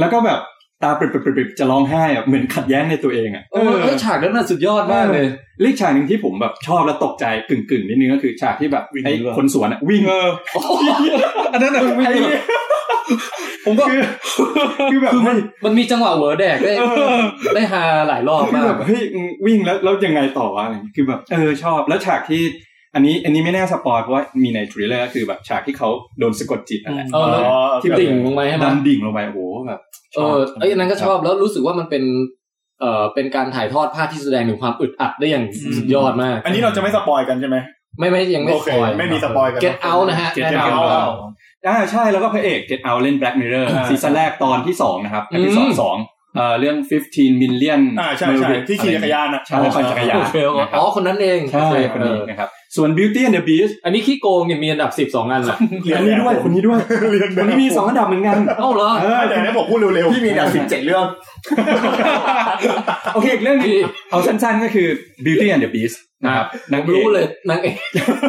Speaker 7: แล้วก็แบบตาปริบๆๆจะร้องไห้อะเหมือนขัดแย้งในตัวเองอ่ะ
Speaker 1: เออเออฉากนั้นน่ะสุดยอดมากเลย
Speaker 7: เลขฉากหนึ่งที่ผมแบบชอบแล้วตกใจกึ่งๆนิดนึงก็คือฉากที่แบบไอ้คนสวนอะวิ่ง
Speaker 3: เอออันนั้นอะ
Speaker 7: ไอ้เนี่ยผมก็คือคือแบบมัน
Speaker 1: มันมีจังหวะเหวอแดกได้ได้ฮาหลายรอบ
Speaker 7: คือ
Speaker 1: มาก
Speaker 7: แบบเฮ้ยวิ่งแล้วแล้วยังไงต่อวะอะไรอย่างเงี้ยคือแบบเออชอบแล้วฉากที่ อันนี้อันนี้ไม่แน่าสปอยเพราะว่ามีในทริลเลอร์ก็คือแบบฉากที่เขาโดนสะกดจิตนั่นแหละ
Speaker 1: เออแล้ว
Speaker 7: ที่แบบ
Speaker 1: ดิ่งลงไปให้มั
Speaker 7: ดั
Speaker 1: น
Speaker 7: นดิ่งลงไปโอ้โหแบบช
Speaker 1: เอ
Speaker 7: อบ
Speaker 1: อไอ้ยอันนั้นก็ชอบแล้วรู้สึกว่ามันเป็นเอ่อเป็นการถ่ายทอดภาพที่แสดงถึงความอึดอัดได้อย่างสุดยอดมาก
Speaker 2: อันนี้เราจะไม่สปอยกันใช่ไหม
Speaker 1: ไม่ไม่ยังไม่
Speaker 2: โอ
Speaker 1: ส
Speaker 2: เค
Speaker 1: ปอย
Speaker 2: ไม่มีสปอยกัน
Speaker 1: เก็ตเอานะฮะ
Speaker 2: Get
Speaker 1: แน่นอน
Speaker 2: Out
Speaker 1: ครับ
Speaker 7: อ่าใช่แล้วก็พระเอกเกตเอาเล่น Black Mirror
Speaker 2: อ่า
Speaker 7: ซีซั่นแรกตอนที่สองนะครับ
Speaker 1: อื
Speaker 7: อ
Speaker 1: ม
Speaker 7: พิโซดสองเอ่อเรื่อง 15 million
Speaker 2: อ่าใช่ใช่
Speaker 7: Merrick
Speaker 2: ที่ขี่จักรยานอะ
Speaker 7: ใช่ปั่นจักรยาน
Speaker 1: โอเค
Speaker 7: นะครับ
Speaker 1: อ๋อคนนั้นเอง
Speaker 7: ใช่
Speaker 1: โอเค
Speaker 7: คนนี้นะครับ ส่วน Beauty and the Beast
Speaker 1: อันนี้ขี้โกงเนี่ยมีอันดับสิบสองอันแหละ
Speaker 7: อันนี้ด้วยคนนี้ด้วยคนนี้มีสองอันดับเหมือนกัน
Speaker 1: เอ้าเหรอ
Speaker 7: เออ
Speaker 2: ไม่แต่เนี่ยผมพูดเร็วๆ
Speaker 4: พี่มีอันดับสิบเจ็ดเรื่อง
Speaker 7: โอเคอีกเรื่องหนึงเอาสั้นๆก็คือ Beauty and the Beast นะครับนางเอก
Speaker 1: รู้เลยนางเอก [laughs]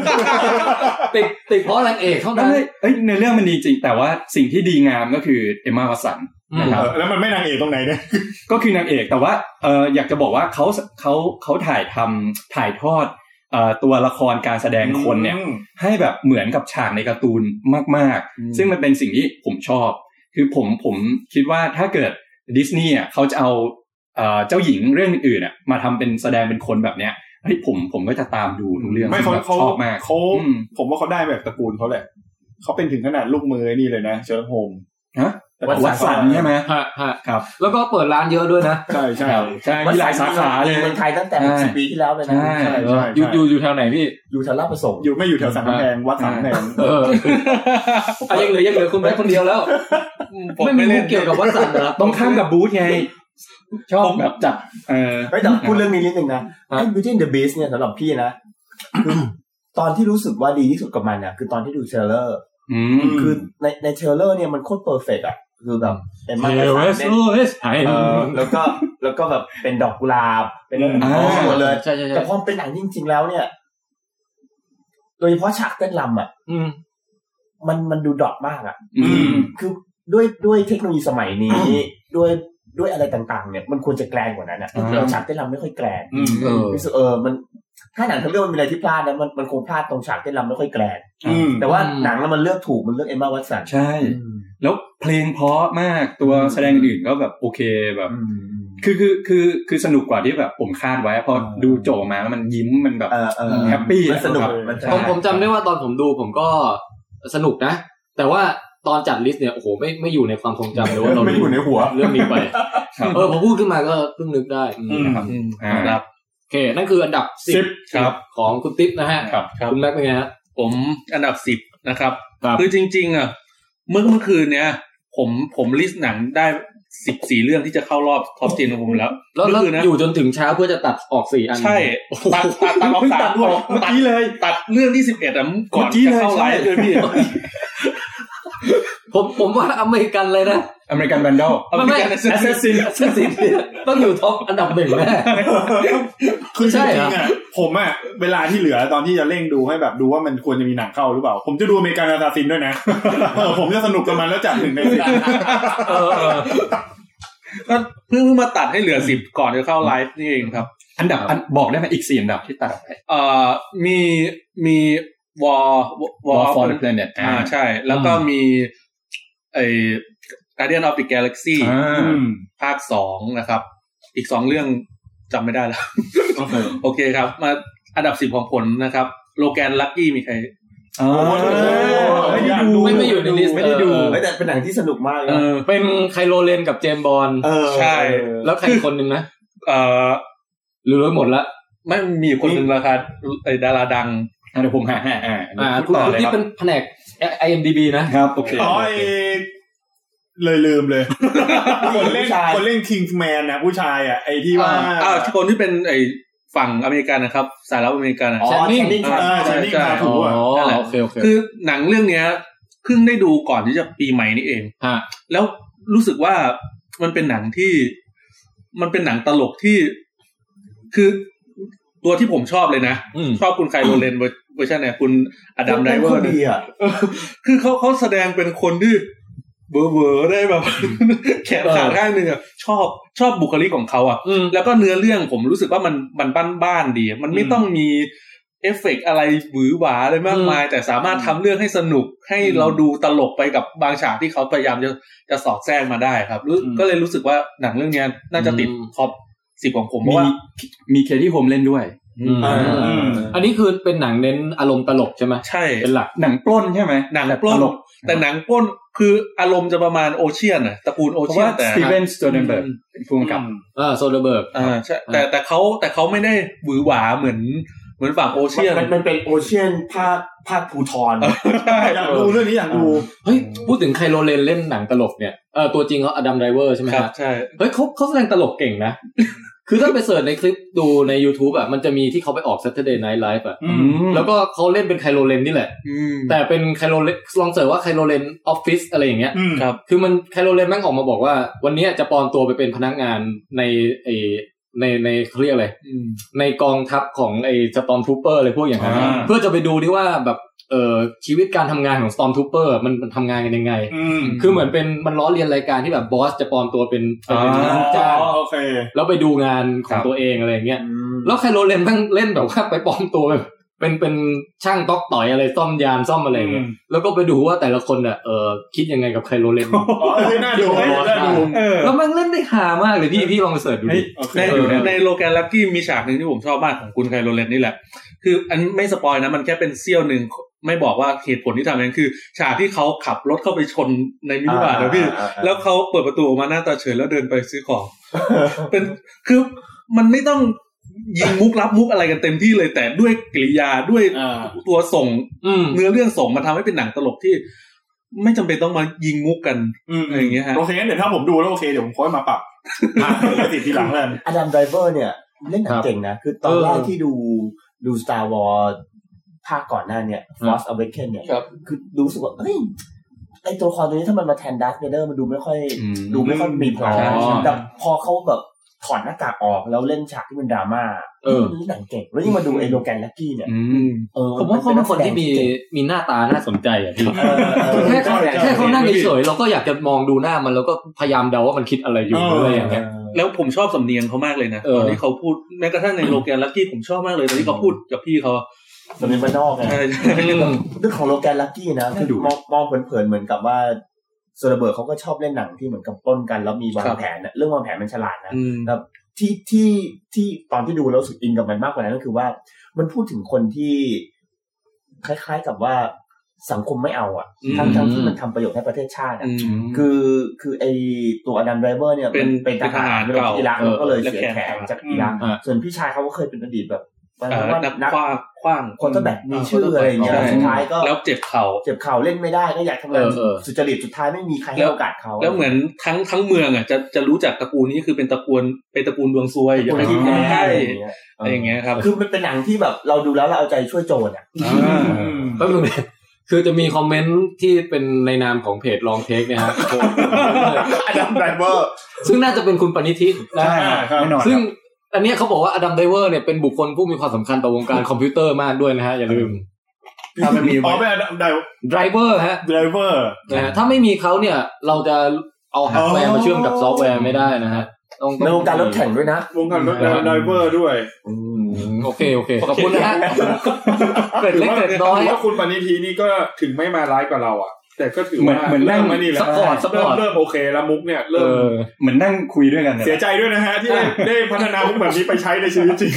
Speaker 1: ติดติดเพราะนางเอกเท่า
Speaker 7: นั่
Speaker 1: นั้น น
Speaker 7: เลยเอ้ยในเรื่องมันดีจริง แต่ว่าสิ่งที่ดีงามก็คือเอมมาวัสัน
Speaker 1: อืม
Speaker 7: นะค
Speaker 2: เอ
Speaker 7: รับ
Speaker 2: อแล้วมันไม่นางเอกตรงไหนเนี่ย
Speaker 7: ก็คือนางเอกแต่ว่าเอออยากจะบอกว่าเขาเขาเขาถ่ายทำถ่ายทอดเอ่อตัวละครการแสดงคนเนี่ย ให้แบบเหมือนกับฉากในการ์ตูนมาก ๆ ซึ่งมันเป็นสิ่งที่ผมชอบ คือผมผมคิดว่าถ้าเกิดดิสนีย์อ่ะเขาจะเอาเอ่อเจ้าหญิงเรื่องอื่นๆอ่ะมาทำเป็นแสดงเป็นคนแบบเนี้ยเฮ้ยผมผมก็จะตามดูทุกเรื่อง
Speaker 2: ไม่เขา
Speaker 7: แบบ
Speaker 2: เขา
Speaker 7: ชอบมาก
Speaker 2: เขา
Speaker 7: อืม
Speaker 2: ผมว่าเขาได้แบบตระกูลเขาแหละเขาเป็นถึงขนาดลูกมือไอ้นี่เลยนะเชอร์ลอกโฮมส์
Speaker 7: ฮะ วัดสันใช่ไหม
Speaker 1: ฮะฮะ
Speaker 7: ครับ
Speaker 1: แล้วก็เปิดร้านเยอะด้วยนะ
Speaker 2: ใช่ใช่
Speaker 7: ครับใช่มีหลายสาขาเลย
Speaker 4: เมืองไทยตั้งแต่
Speaker 7: ใช่
Speaker 4: สิบปีที่แล้วเลยนะ
Speaker 7: ใช่
Speaker 2: ใช่ใช่
Speaker 1: อยู่อยู่อยู่แถวไหนพี่
Speaker 4: อยู่ทาราประสงค์
Speaker 2: อยู่ไม่อยู่แถวสันกำแพงวัดสันกำแพง
Speaker 1: เออเอายังเหลือยังเหลือคุณแม่คนเดียวแล้ว
Speaker 3: ผม
Speaker 1: ไม่มีมุ
Speaker 3: ไม่เล่
Speaker 1: ก
Speaker 3: น
Speaker 1: เกี่ยวกับวัดสันเหรอ
Speaker 7: ตรงข้ามกับบูธไง ชอบแบบจัดเออ
Speaker 4: ไม่แต่พูดเรื่องนี้นิดนึงนะไอ้ Beauty and the Beast เนี่ยสำหรับพี่นะ ตอนที่รู้สึกว่าดีที่สุดกับมันน่ะคือตอนที่ดูเทรลเลอร์
Speaker 7: อืม
Speaker 4: คือในในเทรลเลอร์เนี่ยมันโคตรเพอร์เฟกต์อ่ะ คือแบบเอ็มมาเ
Speaker 1: เวส
Speaker 4: ล่น
Speaker 1: โลเวสไทย
Speaker 4: เออแล้วก็แล้วก็แบบเป็นดอกกุหลาบเป็น
Speaker 2: อืม
Speaker 4: โอ้โหมดเลย
Speaker 1: ใช่ใช่ใช่
Speaker 4: แต่พอมันเป็นหนังจริง ๆ แล้วเนี่ย โดยเฉพาะฉากเต้นรำอ่ะ
Speaker 1: อืม
Speaker 4: มันมันดูดรอปมากอ่ะ
Speaker 7: อืม
Speaker 4: คือด้วยด้วยเทคโนโลยีสมัยนี้ ด้วยด้วยอะไรต่างๆ เนี่ยมันควรจะแกลงกว่านั้นอ่ะ
Speaker 7: อ่า
Speaker 4: แล้วฉากเต้นรำไม่ค่อยแกลง
Speaker 2: อืม
Speaker 1: เออ
Speaker 4: รู้สึกเออมัน ถ้าหนังทั้งเรื่องมันมีอะไรที่พลาดนะมันมันคงพลาดตรงฉากเต้นรำไม่ค่อยแกลง
Speaker 2: อืม
Speaker 4: แต่ว่า
Speaker 1: อืม
Speaker 4: หนังอะมันเลือกถูกมันเลือกเอ็มมาวัตสัน
Speaker 7: ใช่ แล้วเพลงเพราะมากตัวแสดงอื่นก็แบบโอเคแบบ
Speaker 4: อืม
Speaker 7: คือคือคือคือสนุกกว่าที่แบบผมคาดไว้ พอดูโจบมาแล้วมันยิ้มมันแบบ
Speaker 4: เออเออ
Speaker 7: แฮปปี้
Speaker 4: มันสนุก
Speaker 7: ครับ
Speaker 4: มันส
Speaker 1: ผ
Speaker 4: นุ
Speaker 1: ม
Speaker 4: ก
Speaker 1: ผมจำได้ว่าตอนผมดูผมก็สนุกนะ แต่ว่าตอนจัดลิสต์เนี่ยโอ้โหไม่ไม่อยู่ในความทรงจำเลยว่าเรา
Speaker 4: ไม่อยู่ในหัว
Speaker 1: เรื่องนี้ไป
Speaker 7: ครับ
Speaker 1: เออพอพูดขึ้นมาก็เพิ่งนึกได้อืม
Speaker 2: อืม
Speaker 1: ครับ
Speaker 7: อ่า
Speaker 3: ครับ
Speaker 1: โอเค นั่นคืออันดับสิ
Speaker 7: สิ
Speaker 1: บบ
Speaker 7: ครับ
Speaker 1: ของคุณติ๊บนะฮะ
Speaker 7: ครับ
Speaker 3: ครับ
Speaker 1: ณแม็กเป็นไงฮะ
Speaker 3: ผมอันดับสิบนะครับ
Speaker 1: ครับ
Speaker 3: คือจริง ๆ อ่ะ เมื่อเมื่อคืนเนี้ยผมผมลิสต์หนังได้สิบสี่เรื่องที่จะเข้ารอบท็อป10ของผมแล้ว
Speaker 1: แล้วแล้ว
Speaker 3: เมื่อคืนนะ
Speaker 1: อยู่จนถึงเช้าเพื่อจะตัดออกสี่อัน
Speaker 3: ใช่ตัดตัดตัดออกสามออก
Speaker 7: เมื่อ
Speaker 3: ตัด
Speaker 7: กี้เลย
Speaker 3: ตัดเรื่องที่สิบเอ็ดอ่ะก่อน
Speaker 7: เมื่อกี้
Speaker 3: จะ
Speaker 7: เลย
Speaker 3: เข้าไลฟ์
Speaker 7: ใช่
Speaker 3: เลยพี่
Speaker 1: ผมผมว่าอเมริกันเลยนะ
Speaker 7: อเมริกันแบนดอล
Speaker 3: เอา
Speaker 1: ไม่ไม่
Speaker 3: ไม่กันนะสิ
Speaker 1: Assassin Assassin เนี่ยต้องอยู่ท็อปอันดับหนึ่งแน่
Speaker 2: คือจ
Speaker 1: ใช่
Speaker 2: ริ
Speaker 1: เหรอ
Speaker 2: งๆอ่ะผมอ่ะเวลาที่เหลือตอนที่จะเร่งดูให้แบบดูว่ามันควรจะมีหนังเข้าหรือเปล่า ผมจะดูอเมริกันอาซาซินด้วยนะ [laughs] เออผมจะสนุกกับมันแล้วจัดหนึ่งในสิบ
Speaker 1: เออเออ
Speaker 3: ก็เพิ่งเพิ่งมาตัดให้เหลือสิบก่อนจะเข้าไลฟ์นี่เองครับ
Speaker 7: อันดับอันบอกได้ไหมอีกสี่อันดับที่ตัดออกไป
Speaker 3: เอ่อมีมีวอวอ
Speaker 7: War for the Planet
Speaker 3: อ่าใช่ แล้วก็มีไอ้ Guardian of the Galaxy
Speaker 7: อ่า
Speaker 2: อืม
Speaker 3: ภาคสองนะครับ อีกสองเรื่องจำไม่ได้แล้ว
Speaker 2: โอเค
Speaker 3: โอเคครับ มาอันดับสิบของผลนะครับ โลแกนลักกี้มีใคร
Speaker 7: อ๋อ
Speaker 2: ไม่ได้ดู
Speaker 1: ไม่ไม่อยู่ในลิสต์
Speaker 7: ไม่ได้ดู
Speaker 1: เออ
Speaker 4: เฮ้ยแต่เป็นหนังที่สนุกมาก
Speaker 3: เอ
Speaker 4: นะ
Speaker 3: อ
Speaker 1: เป็นไคโรเลนกับเจมส์บอล
Speaker 4: เออ
Speaker 3: ใช่
Speaker 4: เออ
Speaker 1: แล้วใครอีกคนนึงนะ
Speaker 3: เอ่อ
Speaker 1: หรือรู้หมดละ
Speaker 3: ไม่มีคนหนึ่งราคาไอ้ดาราดัง
Speaker 7: อ่ะเดี๋ยวผมหาให้อ่า
Speaker 1: อ่าคุ
Speaker 7: พูด
Speaker 1: ณ
Speaker 7: ต่อเลย
Speaker 1: ที่
Speaker 7: ครับ
Speaker 1: เป็นแผนก IMDB นะ
Speaker 7: ครับโอเค
Speaker 2: อ๋อไอเลยลืมเลย [laughs] คนเล่นคนเล่นคิงส์แมนนะผู้ชายอ่ะไอที่ว่า
Speaker 3: อ่าคนที่เป็นไอ้ฝั่งอเมริกันนะครับ สายลับอเมริกันนะ
Speaker 4: อ๋อ
Speaker 1: Shining
Speaker 4: Shining
Speaker 2: เออ Shining
Speaker 3: ใช่
Speaker 2: มาถูกอ่ะ
Speaker 3: นั่นแหละ
Speaker 1: โอเคโอเค
Speaker 3: คือหนังเรื่องเนี้ยเพิ่งได้ดูก่อนที่จะปีใหม่นี่เอง
Speaker 1: ฮะ
Speaker 3: แล้วรู้สึกว่ามันเป็นหนังที่มันเป็นหนังตลกที่ คือตัวที่ผมชอบเลยนะ
Speaker 1: อืม
Speaker 3: ชอบคุณไคลโรเลนเวอร์เวอร์ชันเนี่ยคุณอดัมไดเวอ
Speaker 4: ค
Speaker 3: ร์
Speaker 4: น
Speaker 3: เนี่ย
Speaker 4: ดีอ่ะ
Speaker 3: คือเขาเขาแสดงเป็นคนที่เบอเบอๆได้แบบ [laughs] แขนขาข้างหนึ่งอ่ะชอบชอบบุคลิกของเขาอ่ะ
Speaker 1: อืม
Speaker 3: แล้วก็เนื้อเรื่องผมรู้สึกว่ามันมันบ้านๆดี มันไม่
Speaker 2: อืม
Speaker 3: ต้องมีเอฟเฟกต์อะไรหวือหวาอะไรมากมาย แต่สามารถทำเรื่องให้สนุกให้เราดูตลกไปกับบางฉากที่เขาพยายามจะจะสอดแทรกมาได้ครับรู้
Speaker 2: อืม
Speaker 3: ก็เลยรู้สึกว่าหนังเรื่องเนี้ยน่าจะติด
Speaker 1: อืม
Speaker 3: ท็อปสิบของผมเพ
Speaker 7: มี
Speaker 3: ราะว่า
Speaker 7: มีเคที่โฮมเล่นด้วย
Speaker 3: อืม
Speaker 1: อ่า
Speaker 2: อืม
Speaker 1: อันนี้คือเป็นหนังเน้นอารมณ์ตลกใช่ไหม
Speaker 3: ใช่
Speaker 1: เป็นหลัก
Speaker 7: หนังปล้นใช่ไหม
Speaker 3: หนัง
Speaker 7: แบบ
Speaker 3: ปล้
Speaker 7: ต
Speaker 3: น
Speaker 7: ลก
Speaker 3: แต่หนังปล้นคืออารมณ์จะประมาณโอเชียนอะตระกูลโอ
Speaker 7: เพราะ
Speaker 3: เชีย
Speaker 7: ว่าน
Speaker 3: แต่
Speaker 7: สตีเวนสโตเดนเบิร์ก
Speaker 3: อืม
Speaker 7: เป็นผู้กำกับ
Speaker 1: เออโซเดอร์เบิร์ก
Speaker 3: อ่าใช่แต่แต่เขาแต่เขาไม่ได้หวือหวาเหมือนเหมือนฝั่งโอเชียน
Speaker 4: มันมันเป็นโอเชียนภาคภาคภูทร
Speaker 3: ใช่
Speaker 2: อยากดูเรื่องนี้อยากดู
Speaker 1: เฮ้ย พูดถึงไคโรเลนเล่นหนังตลกเนี่ย เออตัวจริงเขาอดัมไดเวอร์ใช่ไหม
Speaker 3: ครับ
Speaker 1: ฮะ
Speaker 3: ใช่
Speaker 1: เฮ้ยเขาเขาแสดงตลกเก่งนะ คือถ้าไปเสิร์ชในคลิปดูใน YouTube อ่ะมันจะมีที่เขาไปออก Saturday Night Live อ่ะ
Speaker 2: อืม
Speaker 7: แล้
Speaker 1: แล้ว วก็เขาเล่นเป็นไคโลเลนนี่แหละ
Speaker 3: อืม
Speaker 1: แต่เป็นไคโลเลนลองเสิร์ชว่าไคโลเลนออฟฟิศอะไรอย่างเงี้ย
Speaker 2: อืม
Speaker 3: ครับ
Speaker 1: คือมันไคโลเลนแม่งออกมาบอกว่า วันนี้จะปลอมตัวไปเป็นพนักงานในไอในในเขาเรียกอะไร
Speaker 3: อืม
Speaker 1: ในกองทัพของไอ้สตอมทูเปอร์อะไรพวกอย่างนั้นนะ
Speaker 2: อ่า
Speaker 1: เพื่อจะไปดูที่ว่าแบบเออชีวิตการทำงานของสตอมทูเปอร์มันมันทำงานกันยังไง
Speaker 2: อืม
Speaker 1: คือเหมือนเป็นมันล้อเลียนรายการที่แบบบอสจะปลอมตัวเป็นเป็น
Speaker 7: อ่
Speaker 1: ลูกจ้าง
Speaker 2: อ๋อโอเค
Speaker 1: แล้วไปดูงานของ
Speaker 7: ครับ
Speaker 1: ตัวเองอะไรอย่างเงี้ย
Speaker 4: อืม
Speaker 1: แล้วไคโรเลนแม่งเล่นแบบว่าไปปลอมตัวแบบเป็นเป็นช่างต๊อกต่อยอะไรซ่อมยานซ่อมอะไรอย่างเงี้ย
Speaker 2: อืม
Speaker 1: แล้วก็ไปดูว่าแต่ละคนอ่ะเออคิดยังไงกับไคโรเลน
Speaker 2: อ๋อเออน่าดูเว้ยน่าดู
Speaker 7: เออ
Speaker 1: แล้วแมันเล่นได้หามากเลยพี่พี่ลองไปเสิร์ชดู
Speaker 7: เฮ้
Speaker 1: ดิ
Speaker 7: ย
Speaker 2: โอเค
Speaker 3: ใน
Speaker 1: เออ
Speaker 3: ในโลแกนลักกี้มีฉากหนึ่งที่ผมชอบมากของคุณไคโรเลนนี่แหละ คืออันไม่สปอยนะ มันแค่เป็นเซี่ยวหนึ่งไม่บอกว่าเหตุผลที่ทำอย่างนั้นคือ ฉากที่เขาขับรถเข้าไปชนในมินิบาร์นะพี่
Speaker 4: อ่าอ่า
Speaker 3: แล้วเขาเปิดประตูออกมาหน้าตาเฉยแล้วเดินไปซื้อของ เป็นคือมันไม่ต้องยิงมุกรับมุกอะไรกันเต็มที่เลย แต่ด้วยกริยาด้วย
Speaker 2: อ่า
Speaker 3: ตัวส่ง
Speaker 1: อืม
Speaker 3: เนื้อเรื่องส่งมันทำให้เป็นหนังตลกที่ ไม่จำเป็นต้องมายิงมุกกัน
Speaker 2: อืม
Speaker 3: อะไรอย่างเงี้ยฮะ
Speaker 2: โอเคงั้นเดี๋ยวถ้าผมดูแล้วโอเคเดี๋ยวผมค่อยมาปรับมาติดทีหลังแล้วกัน
Speaker 4: อดัมไดรเวอร์เนี่ย เล่นหนั
Speaker 1: ค
Speaker 4: ง
Speaker 1: รับ
Speaker 4: เก่งนะ คือตอน
Speaker 1: เออ
Speaker 4: แรกที่ดูดู Star Wars ภาคก่อนหน้าเนี่ย Force Awakens เนี่ย
Speaker 3: ครับ
Speaker 4: คือดูรู้สึกว่าเอ้ยไอตัวละครตัวนี้ถ้ามันมาแทนดาร์ธเวเดอร์มันดูไม่ค่อย
Speaker 7: อืม
Speaker 4: ดูไม่ค่อยมีพลัง
Speaker 1: ใช่ใช่
Speaker 4: แต่พอเขาแบบถอดหน้ากากออกแล้วเล่นฉากที่เป็นดราม่า
Speaker 1: เออ
Speaker 4: นี่หนังเก่ง แล้วยิ่งมาดูไอโลแกนลักกี้เนี่ย
Speaker 7: อืม
Speaker 4: เออ
Speaker 1: ผมว่าเขาเป็นคนที่มี
Speaker 4: เก่ง
Speaker 1: มีหน้าตาน่าสนใจอ่ะพี่
Speaker 4: เออเออ
Speaker 1: แค่เขาแค่เขานั่งเฉยๆเราก็อยากจะมองดูหน้ามันแล้วก็พยายามเดาว่ามันคิดอะไรอยู่หรืออะไรอย่างเงี้ย
Speaker 3: แล้วผมชอบสำเนียงเขามากเลยนะ
Speaker 1: เออ
Speaker 3: ตอนที่เขาพูดแม้กระทั่งในโลแกนลักกี้ผมชอบมากเลยตอนที่เขาพูดกับพี่เขาอะ
Speaker 4: สำเนียงบ้านนอกไง
Speaker 3: ใช่ใช่
Speaker 1: อืม
Speaker 4: เรื่องของโลแกนลักกี้นะคือมองมองเผินๆเหมือนกับว่าโซเดเบิร์กเขาก็ชอบเล่นหนังที่เหมือนกับต้นกันแล้วมีวางแผนนะเรื่องวางแผนมันฉลาดนะ
Speaker 3: อืม
Speaker 4: ที่ที่ที่ตอนที่ดูแล้วรู้สุดอินกับมันมากกว่านั้นก็คือว่า มันพูดถึงคนที่คล้าย ๆกับว่าสังคมไม่เอาอ่ะ
Speaker 3: อืม
Speaker 4: ทั้งทั้งที่มันทำประโยชน์ให้ประเทศชาติอะ
Speaker 3: อืม
Speaker 4: คือคือไอตัวอดัมไดรเวอร์เนี่ย
Speaker 3: เป็น
Speaker 4: มัเป็นทหาร
Speaker 3: เป็นทหารเก่า
Speaker 4: ที่อิรัก
Speaker 1: เออ
Speaker 4: แล้วก็เลย
Speaker 3: และ
Speaker 4: เสีย
Speaker 3: แขน
Speaker 4: แขน
Speaker 3: หัก
Speaker 4: จากอิรัก
Speaker 1: อ่า
Speaker 4: ส่วนพี่ชายเขาก็เคยเป็นอดีตแบบ
Speaker 3: เอ่อ
Speaker 4: ว่า
Speaker 3: นัก
Speaker 4: นัก
Speaker 3: คว้างคว้าง
Speaker 4: คนต้นแบบมีชื่ออะไรอย่างเงี้ย
Speaker 3: ใช่
Speaker 4: สุดท้ายก็
Speaker 3: แล้วเจ็บเข่า
Speaker 4: เจ็บเข่าเล่นไม่ได้ก็อยากทำงาน
Speaker 1: เออเออ
Speaker 4: สุจริตสุดท้ายไม่มีใครให้
Speaker 3: แล้ว
Speaker 4: โอกาสเขา
Speaker 3: แล้วเหมือนทั้งทั้งเมืองอ่ะจะจะรู้จักตระกูลนี้คือเป็นตระกูลเป็นตระกูลดวงซวยอย่า
Speaker 4: คน
Speaker 3: ไป
Speaker 4: ที่
Speaker 3: ยุ่ง
Speaker 4: แพ้
Speaker 3: ใกล้
Speaker 4: อะไรอย่างเงี้ย
Speaker 3: อะไรอย่างเงี้ยครับ
Speaker 4: คือมันเป็นหนังที่แบบเราดูแล้วเราเอาใจช่วยโจรอ่ะ
Speaker 2: อืม
Speaker 1: แป๊บนึงนะคือจะมีคอมเมนต์ที่เป็นในนามของเพจลองเทคเนี่ยฮะโอ้โห
Speaker 2: อดัมไดรเวอร์
Speaker 1: ซึ่งน่าจะเป็นคุณปณิธินะ
Speaker 7: ใช่
Speaker 2: ครับ
Speaker 7: แน่นอน
Speaker 1: ซึ่ง
Speaker 7: ครับ
Speaker 1: อันเนี้ยเขาบอกว่าอดัมไดเวอร์เนี่ยเป็นบุคคลผู้มีความสำคัญต่อวงการคอมพิวเตอร์มากด้วยนะฮะ อย่าลืม
Speaker 7: ถ้าไม่มี
Speaker 2: อ๋อเป็นอดัมได
Speaker 1: ไดรเวอร์ฮะ
Speaker 2: รเวอร์
Speaker 1: นะฮะถ้าไม่มีเขาเนี่ย เราจะเอาฮาร์ดแวร์มาเชื่อมกับซอฟต์แวร์ไม่ได้นะฮะต้องต้อ
Speaker 4: ในวงการรถแข่งด้วยนะ
Speaker 2: วงการรถไดรเวอร์ด้วย
Speaker 1: อืมโอเค โอเค ขอบคุณนะฮะเกร็ดเล็กเกร็ดน้อย
Speaker 2: ถืว่าคุณปณิธีนี่ก็ถึงไม่มาไลฟ์กับเราอ่ะ แต่ก็ถือ
Speaker 7: เหมือน
Speaker 2: ว่า
Speaker 7: เหมือนนั่ง
Speaker 2: เริ่มานี่แล้
Speaker 1: ซั
Speaker 2: ว
Speaker 1: พพอร์ตซัพพ
Speaker 2: เริ่
Speaker 1: อ
Speaker 2: ม
Speaker 1: ร์ต
Speaker 2: เริ่มโอเคแล้วมุกเนี่ย
Speaker 1: เอ
Speaker 2: เริ่ม
Speaker 1: อ
Speaker 7: เหมือนนั่งคุยด้วยกันนี่แห
Speaker 2: เสีย
Speaker 7: ละ
Speaker 2: ใจด้วยนะฮะ ที่ได้ได้พัฒนามุกแบบนี้ไปใช้ในชีวิตจริง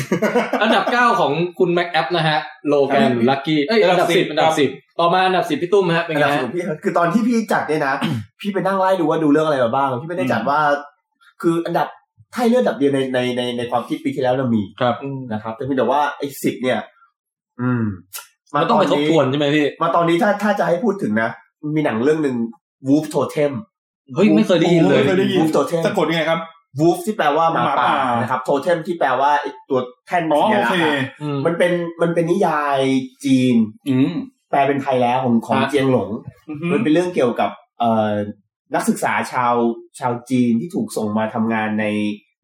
Speaker 1: อันดับ 9 ของคุณแม็กแอปนะฮะ โลแกนลักกี้เอ้ย อันดับ 10 อันดับ 10 ต่อมาอันดับ 10 พี่ตุ้มฮะ เป็น
Speaker 4: อัน
Speaker 1: ไง
Speaker 4: ดับ
Speaker 1: ฮะ
Speaker 4: ของพี่คือตอนที่พี่จัดเนี่ยนะ [coughs] พี่ไปนั่งไล่ดูว่าดูเรื่องอะไรมาบ้าง พี่ไม่ได้จัดว่า คืออันดับถ้าให้เลือกอันดับเดียวในในในในความคิดปีที่แล้วเรามี
Speaker 1: ครับ
Speaker 4: นะครับ แต่เพียงแต่ว่าไอ้สิบเนี่ย อืม
Speaker 1: มันต้องไปทบทวนใช่ไหมพี่
Speaker 4: มาตอนนี้ถ้าถ้าจะให้พูดถึงนะ มีหนังเรื่องหนึ่ง Wolf Totem
Speaker 1: เฮ้ย ไม่เคยได้ยินเลย
Speaker 2: ไม่เคยได้ยิน
Speaker 4: Wolf Totem
Speaker 2: สะกดยังไงครับ
Speaker 4: Wolf ที่แปลว่าหมา
Speaker 2: หมาป่า
Speaker 4: ป่านะครับ Totem ที่แปลว่าไอ้ตัวแท่น
Speaker 2: อ๋อโอ
Speaker 4: สัญลัก
Speaker 2: เค
Speaker 4: ษณ์อะมันเป็นมันเป็นนิยายจีน
Speaker 7: อืม
Speaker 4: แปลเป็นไทยแล้วของของ
Speaker 1: ฮะ
Speaker 4: เจียงหลง มันเป็นเรื่องเกี่ยวกับเอ่อนักศึกษาชาวชาวจีนที่ถูกส่งมาทำงานใน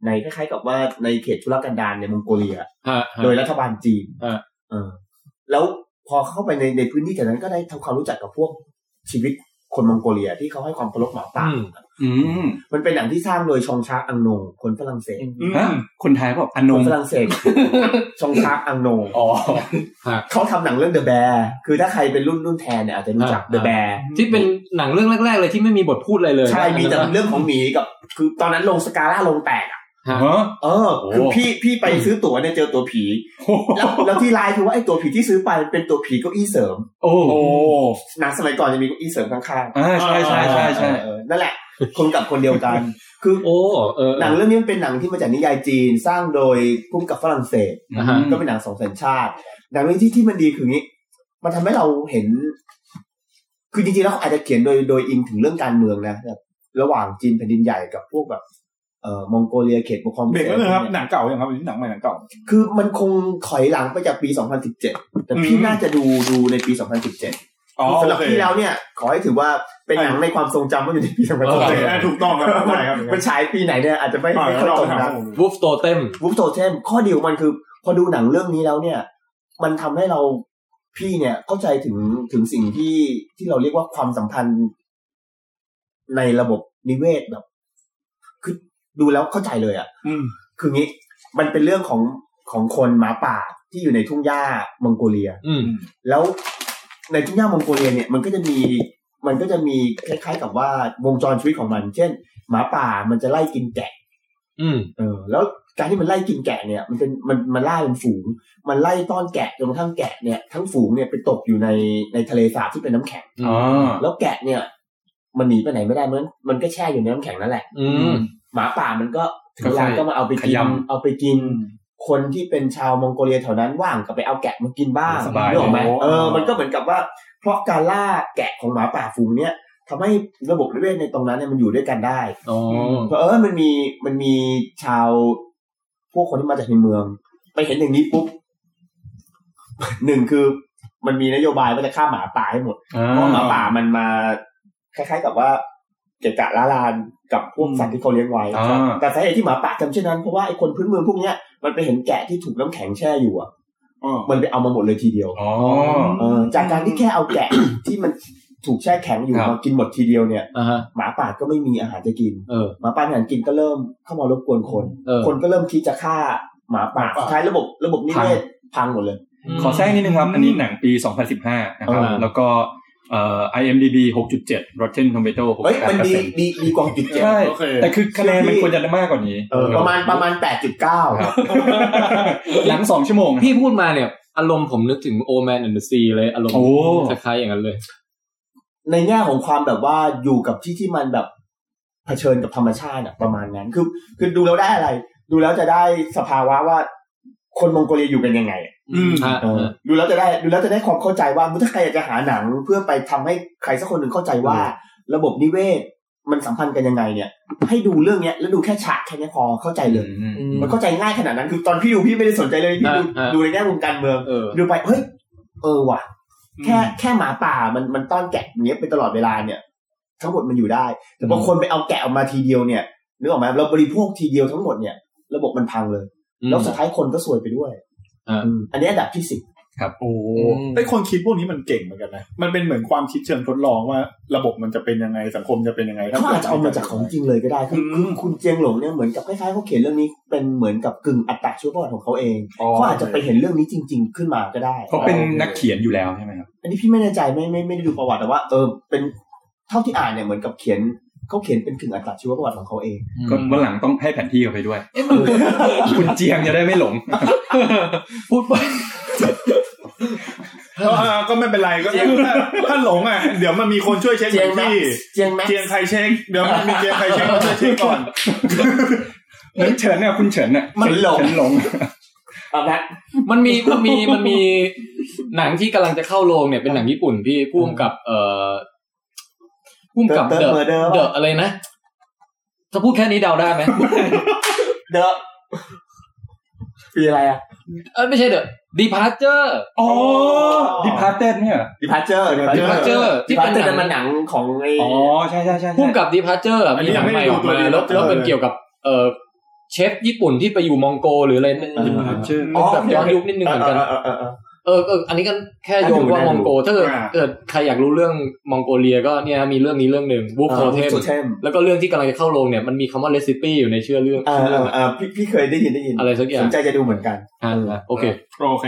Speaker 4: ในคล้ายๆ กับว่าในเขตธุรกันดารในมองโกเลีย
Speaker 1: ฮะ
Speaker 4: โดยรัฐบาลจีน
Speaker 1: ฮะ
Speaker 4: เออแล้วพอเข้าไปในในพื้นที่แถวนั้นก็ได้ทำความรู้จักกับพวกชีวิตคนมองโกเลียที่เขาให้ความเคารพหมาป่า
Speaker 1: อืม
Speaker 7: อืม
Speaker 4: มันเป็นหนังที่สร้างโดยชองชาอังโนงคนฝรั่งเศส
Speaker 2: อืม
Speaker 7: ฮะคนไทยบอกอน
Speaker 4: ค
Speaker 7: ง
Speaker 4: นฝรั่งเศส ชองชาอังโนง
Speaker 7: อ๋อ
Speaker 4: เขาทำหนังเรื่องเดอะแบร์คือถ้าใครเป็นรุ่นรุ่นแทนเนี่ยอาจจะรู้จักเดอะแบร์
Speaker 1: ที่เป็นหนังเรื่องแรก ๆ เลยที่ไม่มีบทพูดอะไรเลย
Speaker 4: ใช่ มีแต่เรื่องของหมีกับ คือตอนนั้นลงสกาล่าลงแตกอ่ะ
Speaker 7: ฮะ
Speaker 4: เออ
Speaker 7: โอ้
Speaker 4: คือพี่พี่ไปซื้อตั๋วเนี่ยเจอตั๋วผี แล้วแล้วที่ไลน์คือว่าไอ้ตั๋วผีที่ซื้อไปเป็นตั๋วผีเก้าอี้เสริม
Speaker 7: โอ้
Speaker 2: โอ้
Speaker 4: หนังสมัยก่อนจะมีเก้าอี้เสริมข้าง
Speaker 7: อ่าใช่ใช่
Speaker 4: ๆ
Speaker 7: ใช่ใช่
Speaker 4: เออนั่นแหละ คนกับคนเดียวกัน คือ
Speaker 1: โอ้ เออ
Speaker 4: หนังเรื่องนี้มันเป็นหนังที่มาจากนิยายจีนสร้างโดยพุ่มกับฝรั่งเศส
Speaker 1: อ่าฮะ
Speaker 4: ก็เป็นหนังสองสัญชาติ หนังเรื่องที่ที่มันดีคืองี้ มันทำให้เราเห็น คือจริงๆแล้วเขาอาจจะเขียนโดยโดยอิงถึงเรื่องการเมืองนะแบบระหว่างจีนแผ่นดินใหญ่กับพวกแบบ เอ่อมองโกเลียเขตปกครอง
Speaker 2: เบรกแล้วนะครับ
Speaker 4: ย
Speaker 2: หนังเก่าอย่างครับหรือหนังใหม่หนังเก่า
Speaker 4: คือมันคงถอยหลังไปจากปี 2017 แต่พี่
Speaker 2: อืม
Speaker 4: น่าจะดูดูในปี 2017สำหรับพี่แล้วเนี่ย ขอให้ถือว่าเป็นหนังในความทรงจำว่าอยู่ในปี2017
Speaker 2: โอเคอ่ะถูกต้องครับใช่ครับ
Speaker 4: มันฉายปีไหนเนี่ยอาจจะไม่
Speaker 2: อ่า
Speaker 4: ไม่
Speaker 2: แล้ว
Speaker 4: ค่อย
Speaker 2: เรา
Speaker 4: ตร
Speaker 2: ไป
Speaker 4: ง
Speaker 2: ถาม
Speaker 4: นะ
Speaker 2: ข้อมูล
Speaker 1: วูฟโตเต็ม
Speaker 4: วูฟโซเทมข้อดีของมันคือ พอดูหนังเรื่องนี้แล้วเนี่ย มันทำให้เราพี่เนี่ยเข้าใจถึงถึงสิ่งที่ที่เราเรียกว่าความสัมพันธ์ในระบบนิเวศแบบ คือดูแล้วเข้าใจเลยอะ่ะ
Speaker 2: อืม
Speaker 4: คืองี้ มันเป็นเรื่องของของคนหมาป่าที่อยู่ในทุ่งหญ้ามังโกเลีย
Speaker 1: อืม
Speaker 4: แล้วในทุ่งหญ้ามองโกเลียเนี่ยมันก็จะมีมันก็จะมีคล้าย ๆ กับว่าวงจรชีวิตของมัน เช่น หมาป่ามันจะไล่กินแกะ
Speaker 1: อืม
Speaker 4: เออแล้วการที่มันไล่กินแกะเนี่ย มันเป็นมันมันล่าเป็นฝูง มันไล่ต้อนแกะจนกระทั่งแกะเนี่ยทั้งฝูงเนี่ยไปตกอยู่ในในทะเลสาบที่เป็นน้ำแข็ง
Speaker 3: อ๋อ
Speaker 4: แล้วแกะเนี่ย มันหนีไปไหนไม่ได้มันมันก็แช่อยู่ในน้ำแข็งนั่นแหละ
Speaker 1: อืม
Speaker 4: หมาป่ามันก็ถึงเวลา
Speaker 3: ก็ค่อย
Speaker 4: ก็มาเอาไป
Speaker 3: ข
Speaker 4: กิน
Speaker 3: ย
Speaker 4: เอาไปกิน คนที่เป็นชาวมองโกเลียแถวนั้นว่างก็ไปเอาแกะมากินบ้าง
Speaker 7: สบาย
Speaker 4: นึกออกไหม
Speaker 2: เลย
Speaker 4: เออมันก็เหมือนกับว่า เพราะการล่าแกะของหมาป่าฝูงเนี่ยทำให้ระบบนิเวศในตรงนั้นเนี่ยมันอยู่ด้วยกันได้
Speaker 1: อ๋อ
Speaker 4: เพราะเออมันมีมันมีชาวพวกคนที่มาจากในเมือง ไปเห็นอย่างนี้ปุ๊บ [laughs] หนึ่งคือมันมีนโยบายว่าจะฆ่าหมาป่าให้หมด
Speaker 3: อ่า
Speaker 4: เพราะหมาป่ามันมาคล้ายๆกับว่าเกะกะล้าลานกับพวกสัตว์ที่เขาเลี้ยงไว้
Speaker 3: อ่า
Speaker 4: แต่สาเหตุที่หมาป่าทำเช่นนั้นเพราะว่าไอ้คนพื้นเมืองพวกเนี้ยมันไปเห็นแกะที่ถูกน้ำแข็งแช่อยู่อ่ะ
Speaker 2: อ๋อ
Speaker 4: มันไปเอามาหมดเลยทีเดียว
Speaker 3: อ๋อ
Speaker 4: เออจากการที่แค่เอาแกะ ที่มันถูกแช่แข็งอยู่
Speaker 3: ครับ
Speaker 4: มากินหมดทีเดียวเนี่ย
Speaker 1: อ่าฮะ
Speaker 4: หมาป่าก็ไม่มีอาหารจะกิน
Speaker 1: เออ
Speaker 4: หมาป่ามีอาหารกินก็เริ่มเข้ามารบกวนคน
Speaker 1: เออ
Speaker 4: คนก็เริ่มคิดจะฆ่าหมาป่า
Speaker 2: หมาป่า
Speaker 4: สุดท้ายระบบระบบนิเวศพังหมดเลย
Speaker 7: ขอแทรกนิดนึงครับ อันนี้หนังปี 2015 นะครับ
Speaker 1: อ่า
Speaker 7: แล้วก็เอ่อ IMDb 6.7 Rotten Tomato
Speaker 4: เฮ้ย มันดี
Speaker 7: 68%
Speaker 4: ดีดีกว่าจุดเจ็ด
Speaker 7: ใช่
Speaker 2: โอเค
Speaker 7: แต่คือคะแนนมันควรจะมากกว่านี้
Speaker 4: ประมาณประมาณแปดจุดเก้า
Speaker 7: ครับ หนังสองชั่วโมงนะ
Speaker 1: พี่พูดมาเนี่ย อารมณ์ผมนึกถึงโอแมนแอนด์ซีเลยอารมณ์
Speaker 7: โอ้
Speaker 1: คล้ายๆอย่างนั้นเลย
Speaker 4: ในแง่ของความแบบว่าอยู่กับที่ที่มันแบบเผชิญกับธรรมชาติอะประมาณนั้น คือ คือดูแล้วได้อะไร ดูแล้วจะได้สภาวะว่า คนมองโกเลียอยู่เป็นยังไงอะ
Speaker 2: อืม
Speaker 1: ฮะ
Speaker 4: เออดูแล้วจะได้ดูแล้วจะได้ความเข้าใจว่าถ้าใครอยากจะหาหนังเพื่อไปทำให้ใครสักคนหนึ่งเข้าใจว่า ระบบนิเวศมันสัมพันธ์กันยังไงเนี่ย ให้ดูเรื่องเนี้ยแล้วดูแค่ฉากแค่เนี้ยพอเข้าใจเลย
Speaker 7: อืม
Speaker 1: อืม
Speaker 4: มันเข้าใจง่ายขนาดนั้นคือตอนพี่ดูพี่ไม่ได้สนใจเลยพี่ดู
Speaker 1: อ่าอ่า
Speaker 4: ดูในแง่มุมการเมือง
Speaker 1: เออ
Speaker 4: ดูไปเฮ้ยเออว่ะ แค่
Speaker 2: อืม
Speaker 4: แค่หมาป่ามันมันต้อนแกะอย่างเงี้ยไปตลอดเวลาเนี่ย ทั้งหมดมันอยู่ได้ แต่พอคนไปเอาแกะออกมาทีเดียวเนี่ยนึกออกไหมเราบริโภคทีเดียวทั้งหมดเนี่ย ระบบมันพังเลย แล้วสุดท้ายคนก็ซวยไปด้วย
Speaker 1: อ่า
Speaker 4: อืมอันนี้อันดับที่สิบ
Speaker 2: โอ้ไอคนคิดพวกนี้มันเก่งเหมือนกันนะ มันเป็นเหมือนความคิดเชิงทดลองว่า ระบบมันจะเป็นยังไงสังคมจะเป็นยังไงถ้
Speaker 4: เขาอาจจะเอามาจากของจริงเลยก็ได้คือ
Speaker 2: อื
Speaker 4: คือ
Speaker 2: ม
Speaker 4: คุณเจียงหลงเนี่ยเหมือนกับคล้ายๆเขาเขียนเรื่องนี้เป็นเหมือนกับกึ่งอัตตาชีวประวัติของเขาเองเขาอาจจะไปเห็นเรื่องนี้จริง ๆ ขึ้นมาก็ได้
Speaker 7: เขาเป็นนักเขียนอยู่แล้วใช่ไหมครับ
Speaker 4: อันนี้พี่ไม่แน่ใจไม่ไม่ไม่ได้ดูประวัติแต่ว่าเออเป็นเท่าที่อ่านเนี่ยเหมือนกับเขียนเขาเขียนเป็นถึงอัตราชีวประวัติของเขาเอง
Speaker 7: ก็วันหลังต้องให้แผนที่เขาไปด้วย คุณเจียงจะได้ไม่หลง
Speaker 1: พูดไป [laughs]
Speaker 2: ก็อ่าก็ไม่เป็นไรก็ถ้าถ้าหลงอ่ะ เดี๋ยวมันมีคนช่วยเช็ค
Speaker 4: เจียงแม็ก
Speaker 2: ที่
Speaker 4: ซ์เจียงแม็ก
Speaker 2: เจียง
Speaker 4: ซ์
Speaker 2: ใครเช็คเดี๋ยวมันมีเจียงใครเช็คมาช่วยเช็คก่อน
Speaker 7: เหมือนเฉินน่ะคุณเฉินน่ะ
Speaker 4: มันหลง
Speaker 7: เฉินหลง
Speaker 4: เอาละ
Speaker 1: มันมีมันมีมันมีหนังที่กำลังจะเข้าโรงเนี่ยเป็นหนังญี่ปุ่นพี่พุ่มกับ เอ่อพุ่ม
Speaker 4: เดิ
Speaker 1: กั
Speaker 4: ม
Speaker 1: บ
Speaker 4: เดิ
Speaker 1: เดอะ
Speaker 4: มเมอร์เดอร์
Speaker 1: เดอะอะไรนะจะพูดแค่นี้เดาได้ไหม
Speaker 4: เดอะปีอะไรอ่ะ
Speaker 1: เอยไม่ใช่เดอะดีพาร์เจอร์
Speaker 7: อ๋อ departed เนี่ย
Speaker 4: ดิพาร์เจอร์
Speaker 2: Departure
Speaker 4: ดิ
Speaker 1: ดีพา
Speaker 4: พา
Speaker 1: ร์
Speaker 4: ร์
Speaker 1: เจ
Speaker 4: เจ
Speaker 1: อ
Speaker 4: อร์
Speaker 1: ร์
Speaker 4: ดิ
Speaker 1: ที่
Speaker 4: พา
Speaker 1: เป็น
Speaker 4: ร์เจอ
Speaker 1: ห
Speaker 4: ร์นั่นมั
Speaker 1: นั
Speaker 4: น
Speaker 1: ง
Speaker 4: หนังของไอ้
Speaker 7: อ๋อ ใช่ใช่ใช่
Speaker 1: พุ่ม
Speaker 7: ใช่
Speaker 1: กับดีพาร์เจอร์
Speaker 2: อันนี้
Speaker 1: มีหนัง
Speaker 2: ยังไม่
Speaker 1: ใหม่
Speaker 2: ได้ดู
Speaker 1: ออก
Speaker 2: ตั
Speaker 1: มาแล้ว
Speaker 2: วเดียว
Speaker 1: แล้วเป็นเกี่ยวกับ เอ่อเชฟญี่ปุ่นที่ไปอยู่มองโกหรืออะไรนั่น
Speaker 4: อ่า
Speaker 1: อ๋อแบบย้อนยุคนิดนึงเหมือนกัน
Speaker 4: เออ
Speaker 1: เออ
Speaker 4: เออเออ
Speaker 1: เอออันนี้ก็แค่โยงว่า
Speaker 4: น่าดู
Speaker 1: มองโกถ้าเกิด
Speaker 2: อ่า
Speaker 1: เกิดใครอยากรู้เรื่องมองโกเลียก็เนี่ยมีเรื่องนี้เรื่องหนึ่งบุ๊ก
Speaker 4: อ่า
Speaker 1: โทเท
Speaker 4: Wolf
Speaker 1: ม
Speaker 4: Totem
Speaker 1: แล้วก็เรื่องที่กำลังจะเข้าโรงเนี่ยมันมีคำว่า recipe อยู่ในชื่อเรื่อง
Speaker 4: เออเออเออพี่พี่เคยได้ยินได้ยิน
Speaker 1: อะไรสักอย่า
Speaker 4: ส
Speaker 1: ง
Speaker 4: นใจจะดูเหมือนกัน
Speaker 1: อ่าโอเค
Speaker 2: โอเค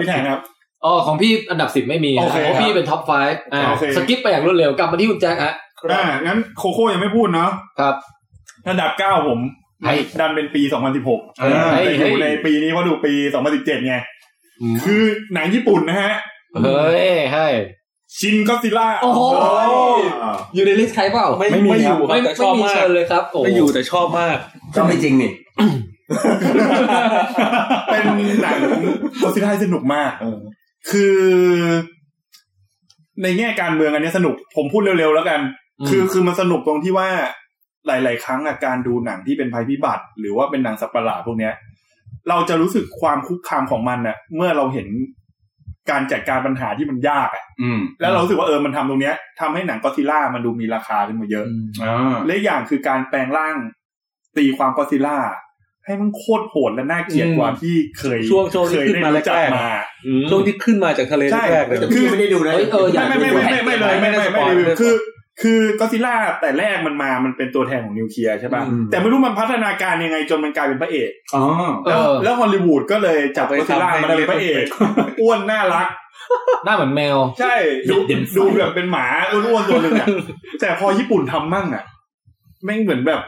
Speaker 2: พี่แทนครับ
Speaker 1: อ๋อของพี่อันดับสิบไม่มี
Speaker 2: โอเค
Speaker 1: ของพี่เป็นท็อป5อ่า
Speaker 2: โอเค
Speaker 1: สกิปไปอย่างรวดเร็วกลับมาที่คุณแจ็คฮะ
Speaker 2: อ่างั้นโคโค่ยังไม่พูดเนาะ
Speaker 1: ครับ
Speaker 2: อันดับเก้าผม
Speaker 1: เฮ้ย
Speaker 2: ดันเป็นปี 2016
Speaker 1: เฮ้ยเฮ้ย
Speaker 2: แต่อยู่ในปีนี้เพราะดูปี 2017ไงคือหนังญี่ปุ่นนะฮะ
Speaker 1: เฮ้ยให้
Speaker 2: ชินก็ซิล่า
Speaker 1: โอ้โห อยู่ในลิสต์ใครเปล่า
Speaker 3: ไม่
Speaker 7: ไม่มี
Speaker 3: ไม่อยู่ครับ
Speaker 1: ไม่
Speaker 3: แต่ช
Speaker 1: ไม่
Speaker 3: อบ
Speaker 1: มี
Speaker 3: มาก
Speaker 1: เชิญเลยครับโอ้
Speaker 3: ไม่อยู่แต่ชอบมาก
Speaker 4: ก็ไม่จริงนี่
Speaker 2: เป็นหนังก็ซิล่าที่สนุกมาก
Speaker 4: เออ
Speaker 2: คือ ในแง่การเมืองอันเนี้ยสนุก ผมพูดเร็วๆแล้วกัน คือคือมันสนุกตรงที่ว่า หลาย ๆ ครั้งอะการดูหนังที่เป็นภัยพิบัติ หรือว่าเป็นหนังสัตว์ประหลาดพวกเนี้ย เราจะรู้สึกความคุกคามของมันอะเมื่อเราเห็นการจัดการปัญหาที่มันยากอะ
Speaker 7: อืม
Speaker 2: แล้วเรารู้สึกว่าเออมันทำตรงเนี้ยทำให้หนังก็อดซิลล่ามันดูมีราคาขึ้นมาเยอะ
Speaker 7: อ่า
Speaker 2: และอย่างคือการแปลงร่างตีความก็อดซิลล่า ให้มันโคตรโหดและน่าเกลียดกว่าที่เคย
Speaker 3: ช่วงช่วงที่
Speaker 2: เคย
Speaker 3: ขึ้น
Speaker 2: ได้
Speaker 3: มา
Speaker 2: รู้จัก
Speaker 3: แรกๆ
Speaker 2: มา
Speaker 3: ช่วงที่ขึ้นมาจากทะเล
Speaker 2: ใช่
Speaker 3: แรกๆเลย
Speaker 4: แต่พี่ไม่ได้ดูนะ
Speaker 8: เฮ้ยเอออยาก
Speaker 2: ไม่ไม่ไม่ไม่ไม่เลยไม่ไม่ไม่รีวิวคือ คือก็ซิล่าแต่แรกมันมามันเป็นตัวแทนของนิวเคลียร์ใช่ป่ะ
Speaker 3: อืม
Speaker 2: แต่ไม่รู้มันพัฒนาการยังไงจนมันกลายเป็นพระเอก
Speaker 7: อ๋อ
Speaker 2: แล้ว
Speaker 1: เออ
Speaker 2: แล้วฮอลลีวูดก็เลยจับ
Speaker 3: เอาไป
Speaker 2: ก็ซิล่า
Speaker 3: ทำให้
Speaker 2: มาเป็นพระเอก
Speaker 3: เป็น
Speaker 2: [laughs] อ้วนน่ารัก
Speaker 1: หน้าเหมือนแมว
Speaker 2: ใช่ดู
Speaker 7: เด่นๆ
Speaker 2: ดูแบบเป็นหมาอ้วนๆตัวหนึ่งอ่ะแต่พอญี่ปุ่นทำมั่งอ่ะไม่งเหมือนแบบ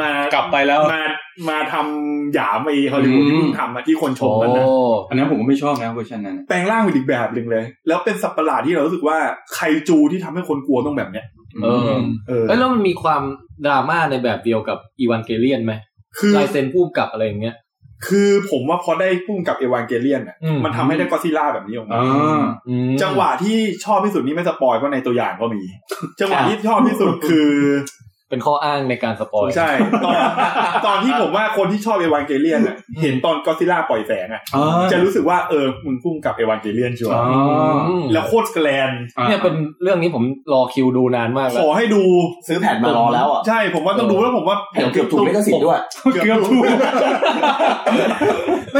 Speaker 2: มาก
Speaker 3: ลับไปแล้ว
Speaker 2: มามาทำหยามไอฮอลลีวูดที่เพิ่งทำอะที่คนชมกันนะ
Speaker 7: อันนั้นผมก็ไม่ชอบนะเวอร์ชันนั้น
Speaker 2: แปลงร่างเป็นอีกแบบหนึ่งเลย แล้วเป็นสัตว์ประหลาดที่เรารู้สึกว่าไคจูที่ทำให้คนกลัวต้องแบบเนี้ย
Speaker 1: เออ
Speaker 2: เออ
Speaker 1: เอ้ยแล้วมันมีความดราม่าในแบบเดียวกับอีวานเกเลียนไหม
Speaker 2: คือ
Speaker 1: ลายเซ็นพุ่มกับอะไรอย่างเงี้ย
Speaker 2: คือผมว่าพอได้พุ่มกับเอวานเกเลียนอ่ะ
Speaker 1: อืม
Speaker 2: มันทำให้ได้ก็อดซิลล่าแบบนี้ออกมา
Speaker 7: อ่า
Speaker 1: อืม
Speaker 2: จังหวะที่ชอบที่สุดนี่ไม่สปอยเพราะในตัวอย่างก็มี จังหวะที่ชอบที่สุดคือ
Speaker 1: เป็นข้ออ้างในการสปอย
Speaker 2: ใช่ตอนตอนที่ผมว่าคนที่ชอบเอวานเกเลียนอ่ะเห็นตอนก็อดซิลล่าปล่อยแสงอ่ะ
Speaker 7: อ่า
Speaker 2: จะรู้สึกว่าเออมึงพุ่มกับเอวานเกเลียนชัวร์
Speaker 7: อ๋อ
Speaker 1: อืม
Speaker 2: แล้วโคตรแกลน
Speaker 1: เนี่ยเป็นเรื่องนี้ผมรอคิวดูนานมาก
Speaker 2: ข
Speaker 1: แล้ว
Speaker 2: อให้ดู
Speaker 4: ซื้อแผ่นมารอแล้วอ่ะ
Speaker 2: ใช่ผมว่าต้องดูแล้วผมว่า
Speaker 4: แผ่นเกือบถูกไม่ก็สิทธิ์ด้วย
Speaker 2: เกือบถูก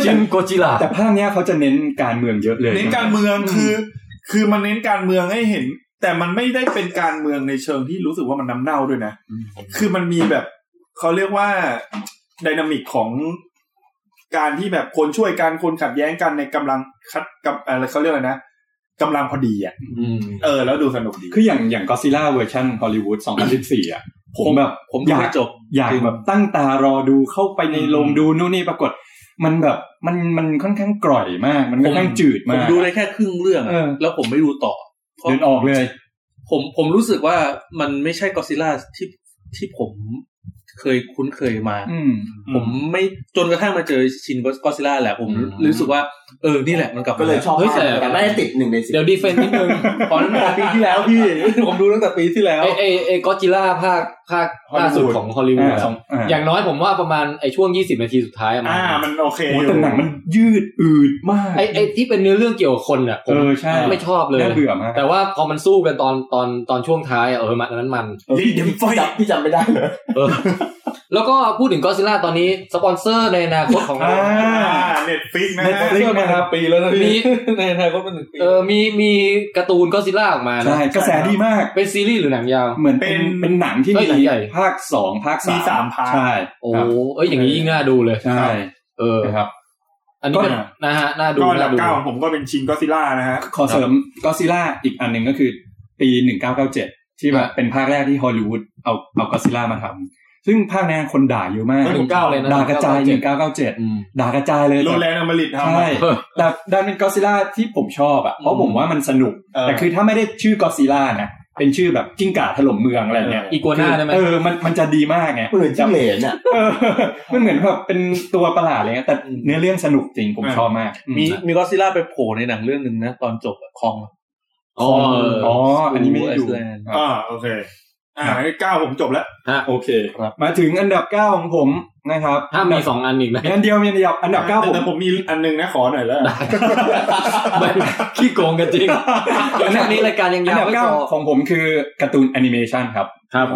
Speaker 1: จินโกจิล่า
Speaker 7: แต่ภาคเนี้ยเขาจะเน้นการเมืองเยอะเลย
Speaker 2: เน้นการเมืองคือ คือมันเน้นการเมืองให้เห็น แต่มันไม่ได้เป็นการเมืองในเชิงที่รู้สึกว่ามันน้ำเน่าด้วยนะ คือมันมีแบบเขาเรียกว่าดินามิกของการที่แบบคนช่วยกันคนขัดแย้งกันในกำลังคัดกับอะไรเขาเรียกอะไรนะกำลังพอดีอ่ะเออ แล้วดูสนุกดี
Speaker 7: คืออย่างอย่างก็ซิล่าเวอร์ชันฮอลลีวูด2014 อ่ะ ผมแบบ
Speaker 3: ผม
Speaker 7: อ
Speaker 3: ดู
Speaker 7: ยาก
Speaker 3: ไม่จบ
Speaker 7: อยากแบบตั้งตารอดูเข้าไปในโรงดูนู่นนี่ปรากฏ มันแบบมันมันค่อนข้างกร่อยมาก มันค่อนข้างจื
Speaker 3: ผม
Speaker 7: ดาก
Speaker 3: มดูได้แค่ครึ่งเรื่องอะ
Speaker 7: เออ
Speaker 3: แล้วผมไม่ดูต่อเพราะ
Speaker 7: เดินออกเลย
Speaker 3: ผมผมรู้สึกว่ามันไม่ใช่กอซิล่าที่ที่ผมเคยคุ้นเคยมา
Speaker 7: อืม
Speaker 3: ผมไม่จนกระทั่งมาเจอชินกอซิล่าแหละผม
Speaker 1: อืม
Speaker 3: รู้สึกว่าเออนี่แหละมันกลับมา
Speaker 4: ก็เลยชอบ
Speaker 1: เฮ้ย
Speaker 4: มาก
Speaker 1: แต่
Speaker 4: แต่ไม่ได้ติดหนึ่งในสิบ
Speaker 1: เดี๋ยวดีเฟนนิดนึง
Speaker 3: ตอนนั้นมันปีที่แล้วพี่ ผมดูตั้งแต่ปีที่แล้ว
Speaker 1: ไอไอไอก็จิล่าภาคภาคล่าสุดของฮอลลีวูด
Speaker 7: อ่าสองอ่า
Speaker 1: อย่างน้อยผมว่าประมาณไอช่วง 20 นาทีสุดท้ายอะมา
Speaker 2: อ่า มันโอเค
Speaker 7: โอ้
Speaker 2: อยู่
Speaker 7: แต่หนังมันยืดอืดมาก
Speaker 1: ไอไอที่เป็นเนื้อเรื่องเกี่ยวกับคนอ่ะผ
Speaker 7: เอ
Speaker 1: ม
Speaker 7: อใช่
Speaker 1: ไม่ชอบเลย
Speaker 7: น่าเบื่อมาก
Speaker 1: แต่ว่าพอมันสู้กันตอนตอนตอนช่วงท้ายอะเออมันอันนั้นมัน
Speaker 2: ลิ้นเดมไฟ
Speaker 4: จำพี่จำไม่ได้เลย
Speaker 1: เออ แล้วก็พูดถึงก็ซิล่าตอนนี้สปอนเซอร์ในอนาคตของเรา
Speaker 7: อ่า
Speaker 2: เน็ตฟิกนะ
Speaker 7: เน็ต
Speaker 2: ฮะ
Speaker 7: ฟลิกนะครับปีแล้วนะ
Speaker 1: มี
Speaker 7: พี่
Speaker 3: ในไทยก็เป็นหนึ่งปี
Speaker 1: เออมีมีการ์ตูนก็ซิล่าออกมานะ
Speaker 7: ใช่กระแสดีมาก
Speaker 1: เป็นซีรีส์หรือหนังยาว
Speaker 7: เหมือนเป็นเป็นหนังที่
Speaker 1: เอ้ยหนัง
Speaker 7: มี
Speaker 1: ใหญ่
Speaker 7: ภาคสองภาค
Speaker 2: มีสามพาร์ท
Speaker 7: ใช่
Speaker 1: โอ้
Speaker 7: ครับ
Speaker 1: เอ้ยอย่างนี้ยิ่งน่าดูเลย
Speaker 7: ใช่
Speaker 1: เออ
Speaker 7: นะครับ
Speaker 1: อันนี้ก็
Speaker 2: ก็น่ะ
Speaker 1: นะฮะน่าดู
Speaker 2: ก็อันดั
Speaker 1: น่า
Speaker 2: บ
Speaker 1: ดู
Speaker 2: เก้าของผมก็เป็นชิงก็ซิล่านะฮะ
Speaker 7: ขอเสริมก็ซิล่าอีกอันหนึ่งก็คือปี 1997 ที่แบบเป็นภาคแรกที่ฮอลลีวูดเอาเอาก็ซิล่ามาทำซึ่งภาคแรกคนด่าเยอะมาก
Speaker 2: ฮ้
Speaker 1: หนึ่งเก้าเลยนะ
Speaker 7: ด่ากระจาย
Speaker 1: หนึ่งเก้า
Speaker 7: 1997
Speaker 1: อืม
Speaker 7: ด่ากระจายเลย
Speaker 2: โรแลนด์อมริดทำ
Speaker 7: ใช่
Speaker 2: อะ
Speaker 7: แต่ดันเป็นก็ซิล่าที่ผมชอบอ่ะเพราะผมว่ามันสนุก
Speaker 2: เออ
Speaker 7: แต่คือถ้าไม่ได้ชื่อก็ซิล่านะเป็นชื่อแบบกิ้งก่าถล่มเมืองอะไรเนี้ย
Speaker 1: อีกัวน่าได้ไหม
Speaker 7: เออมันมันจะดีมากไง
Speaker 4: เหมือนจิ้งเหลนอ่ะ
Speaker 7: เออมันเหมือนแบบเป็นตัวประหลาดอะไรเงี้ยแต่เนื้อเรื่องสนุกจริงผมชอบมาก
Speaker 3: มีมีกอซิล่าไปโผล่ในหนังเรื่องหนึ่งนะ ตอนจบอะคอง
Speaker 1: อ๋อ
Speaker 7: อ๋อ อันนี้ไม่ได้ดู
Speaker 3: Iceland
Speaker 2: อ่าโอเค อ่าเก้าผมจบแล้ว
Speaker 7: โอเคครับมาถึงอันดับเก้าของผมนะครับ
Speaker 1: ถ้ามีสองอันอีกนะ
Speaker 7: มีอันเดียวมีอันเดียวอันดับเก้าผ
Speaker 2: แต่
Speaker 7: ม
Speaker 2: แต่ผมมีอันหนึงนะขอหน่อยแล้ว
Speaker 1: ได้ ไม่ขี้โกงกันจริงอันดับนี้รายการยัง
Speaker 7: อั
Speaker 1: ยานว
Speaker 7: ดับ
Speaker 1: ไม่พ
Speaker 7: เก้า
Speaker 1: อ
Speaker 7: ของผมคือการ์ตูนแอนิเมชันครับ
Speaker 1: ครับ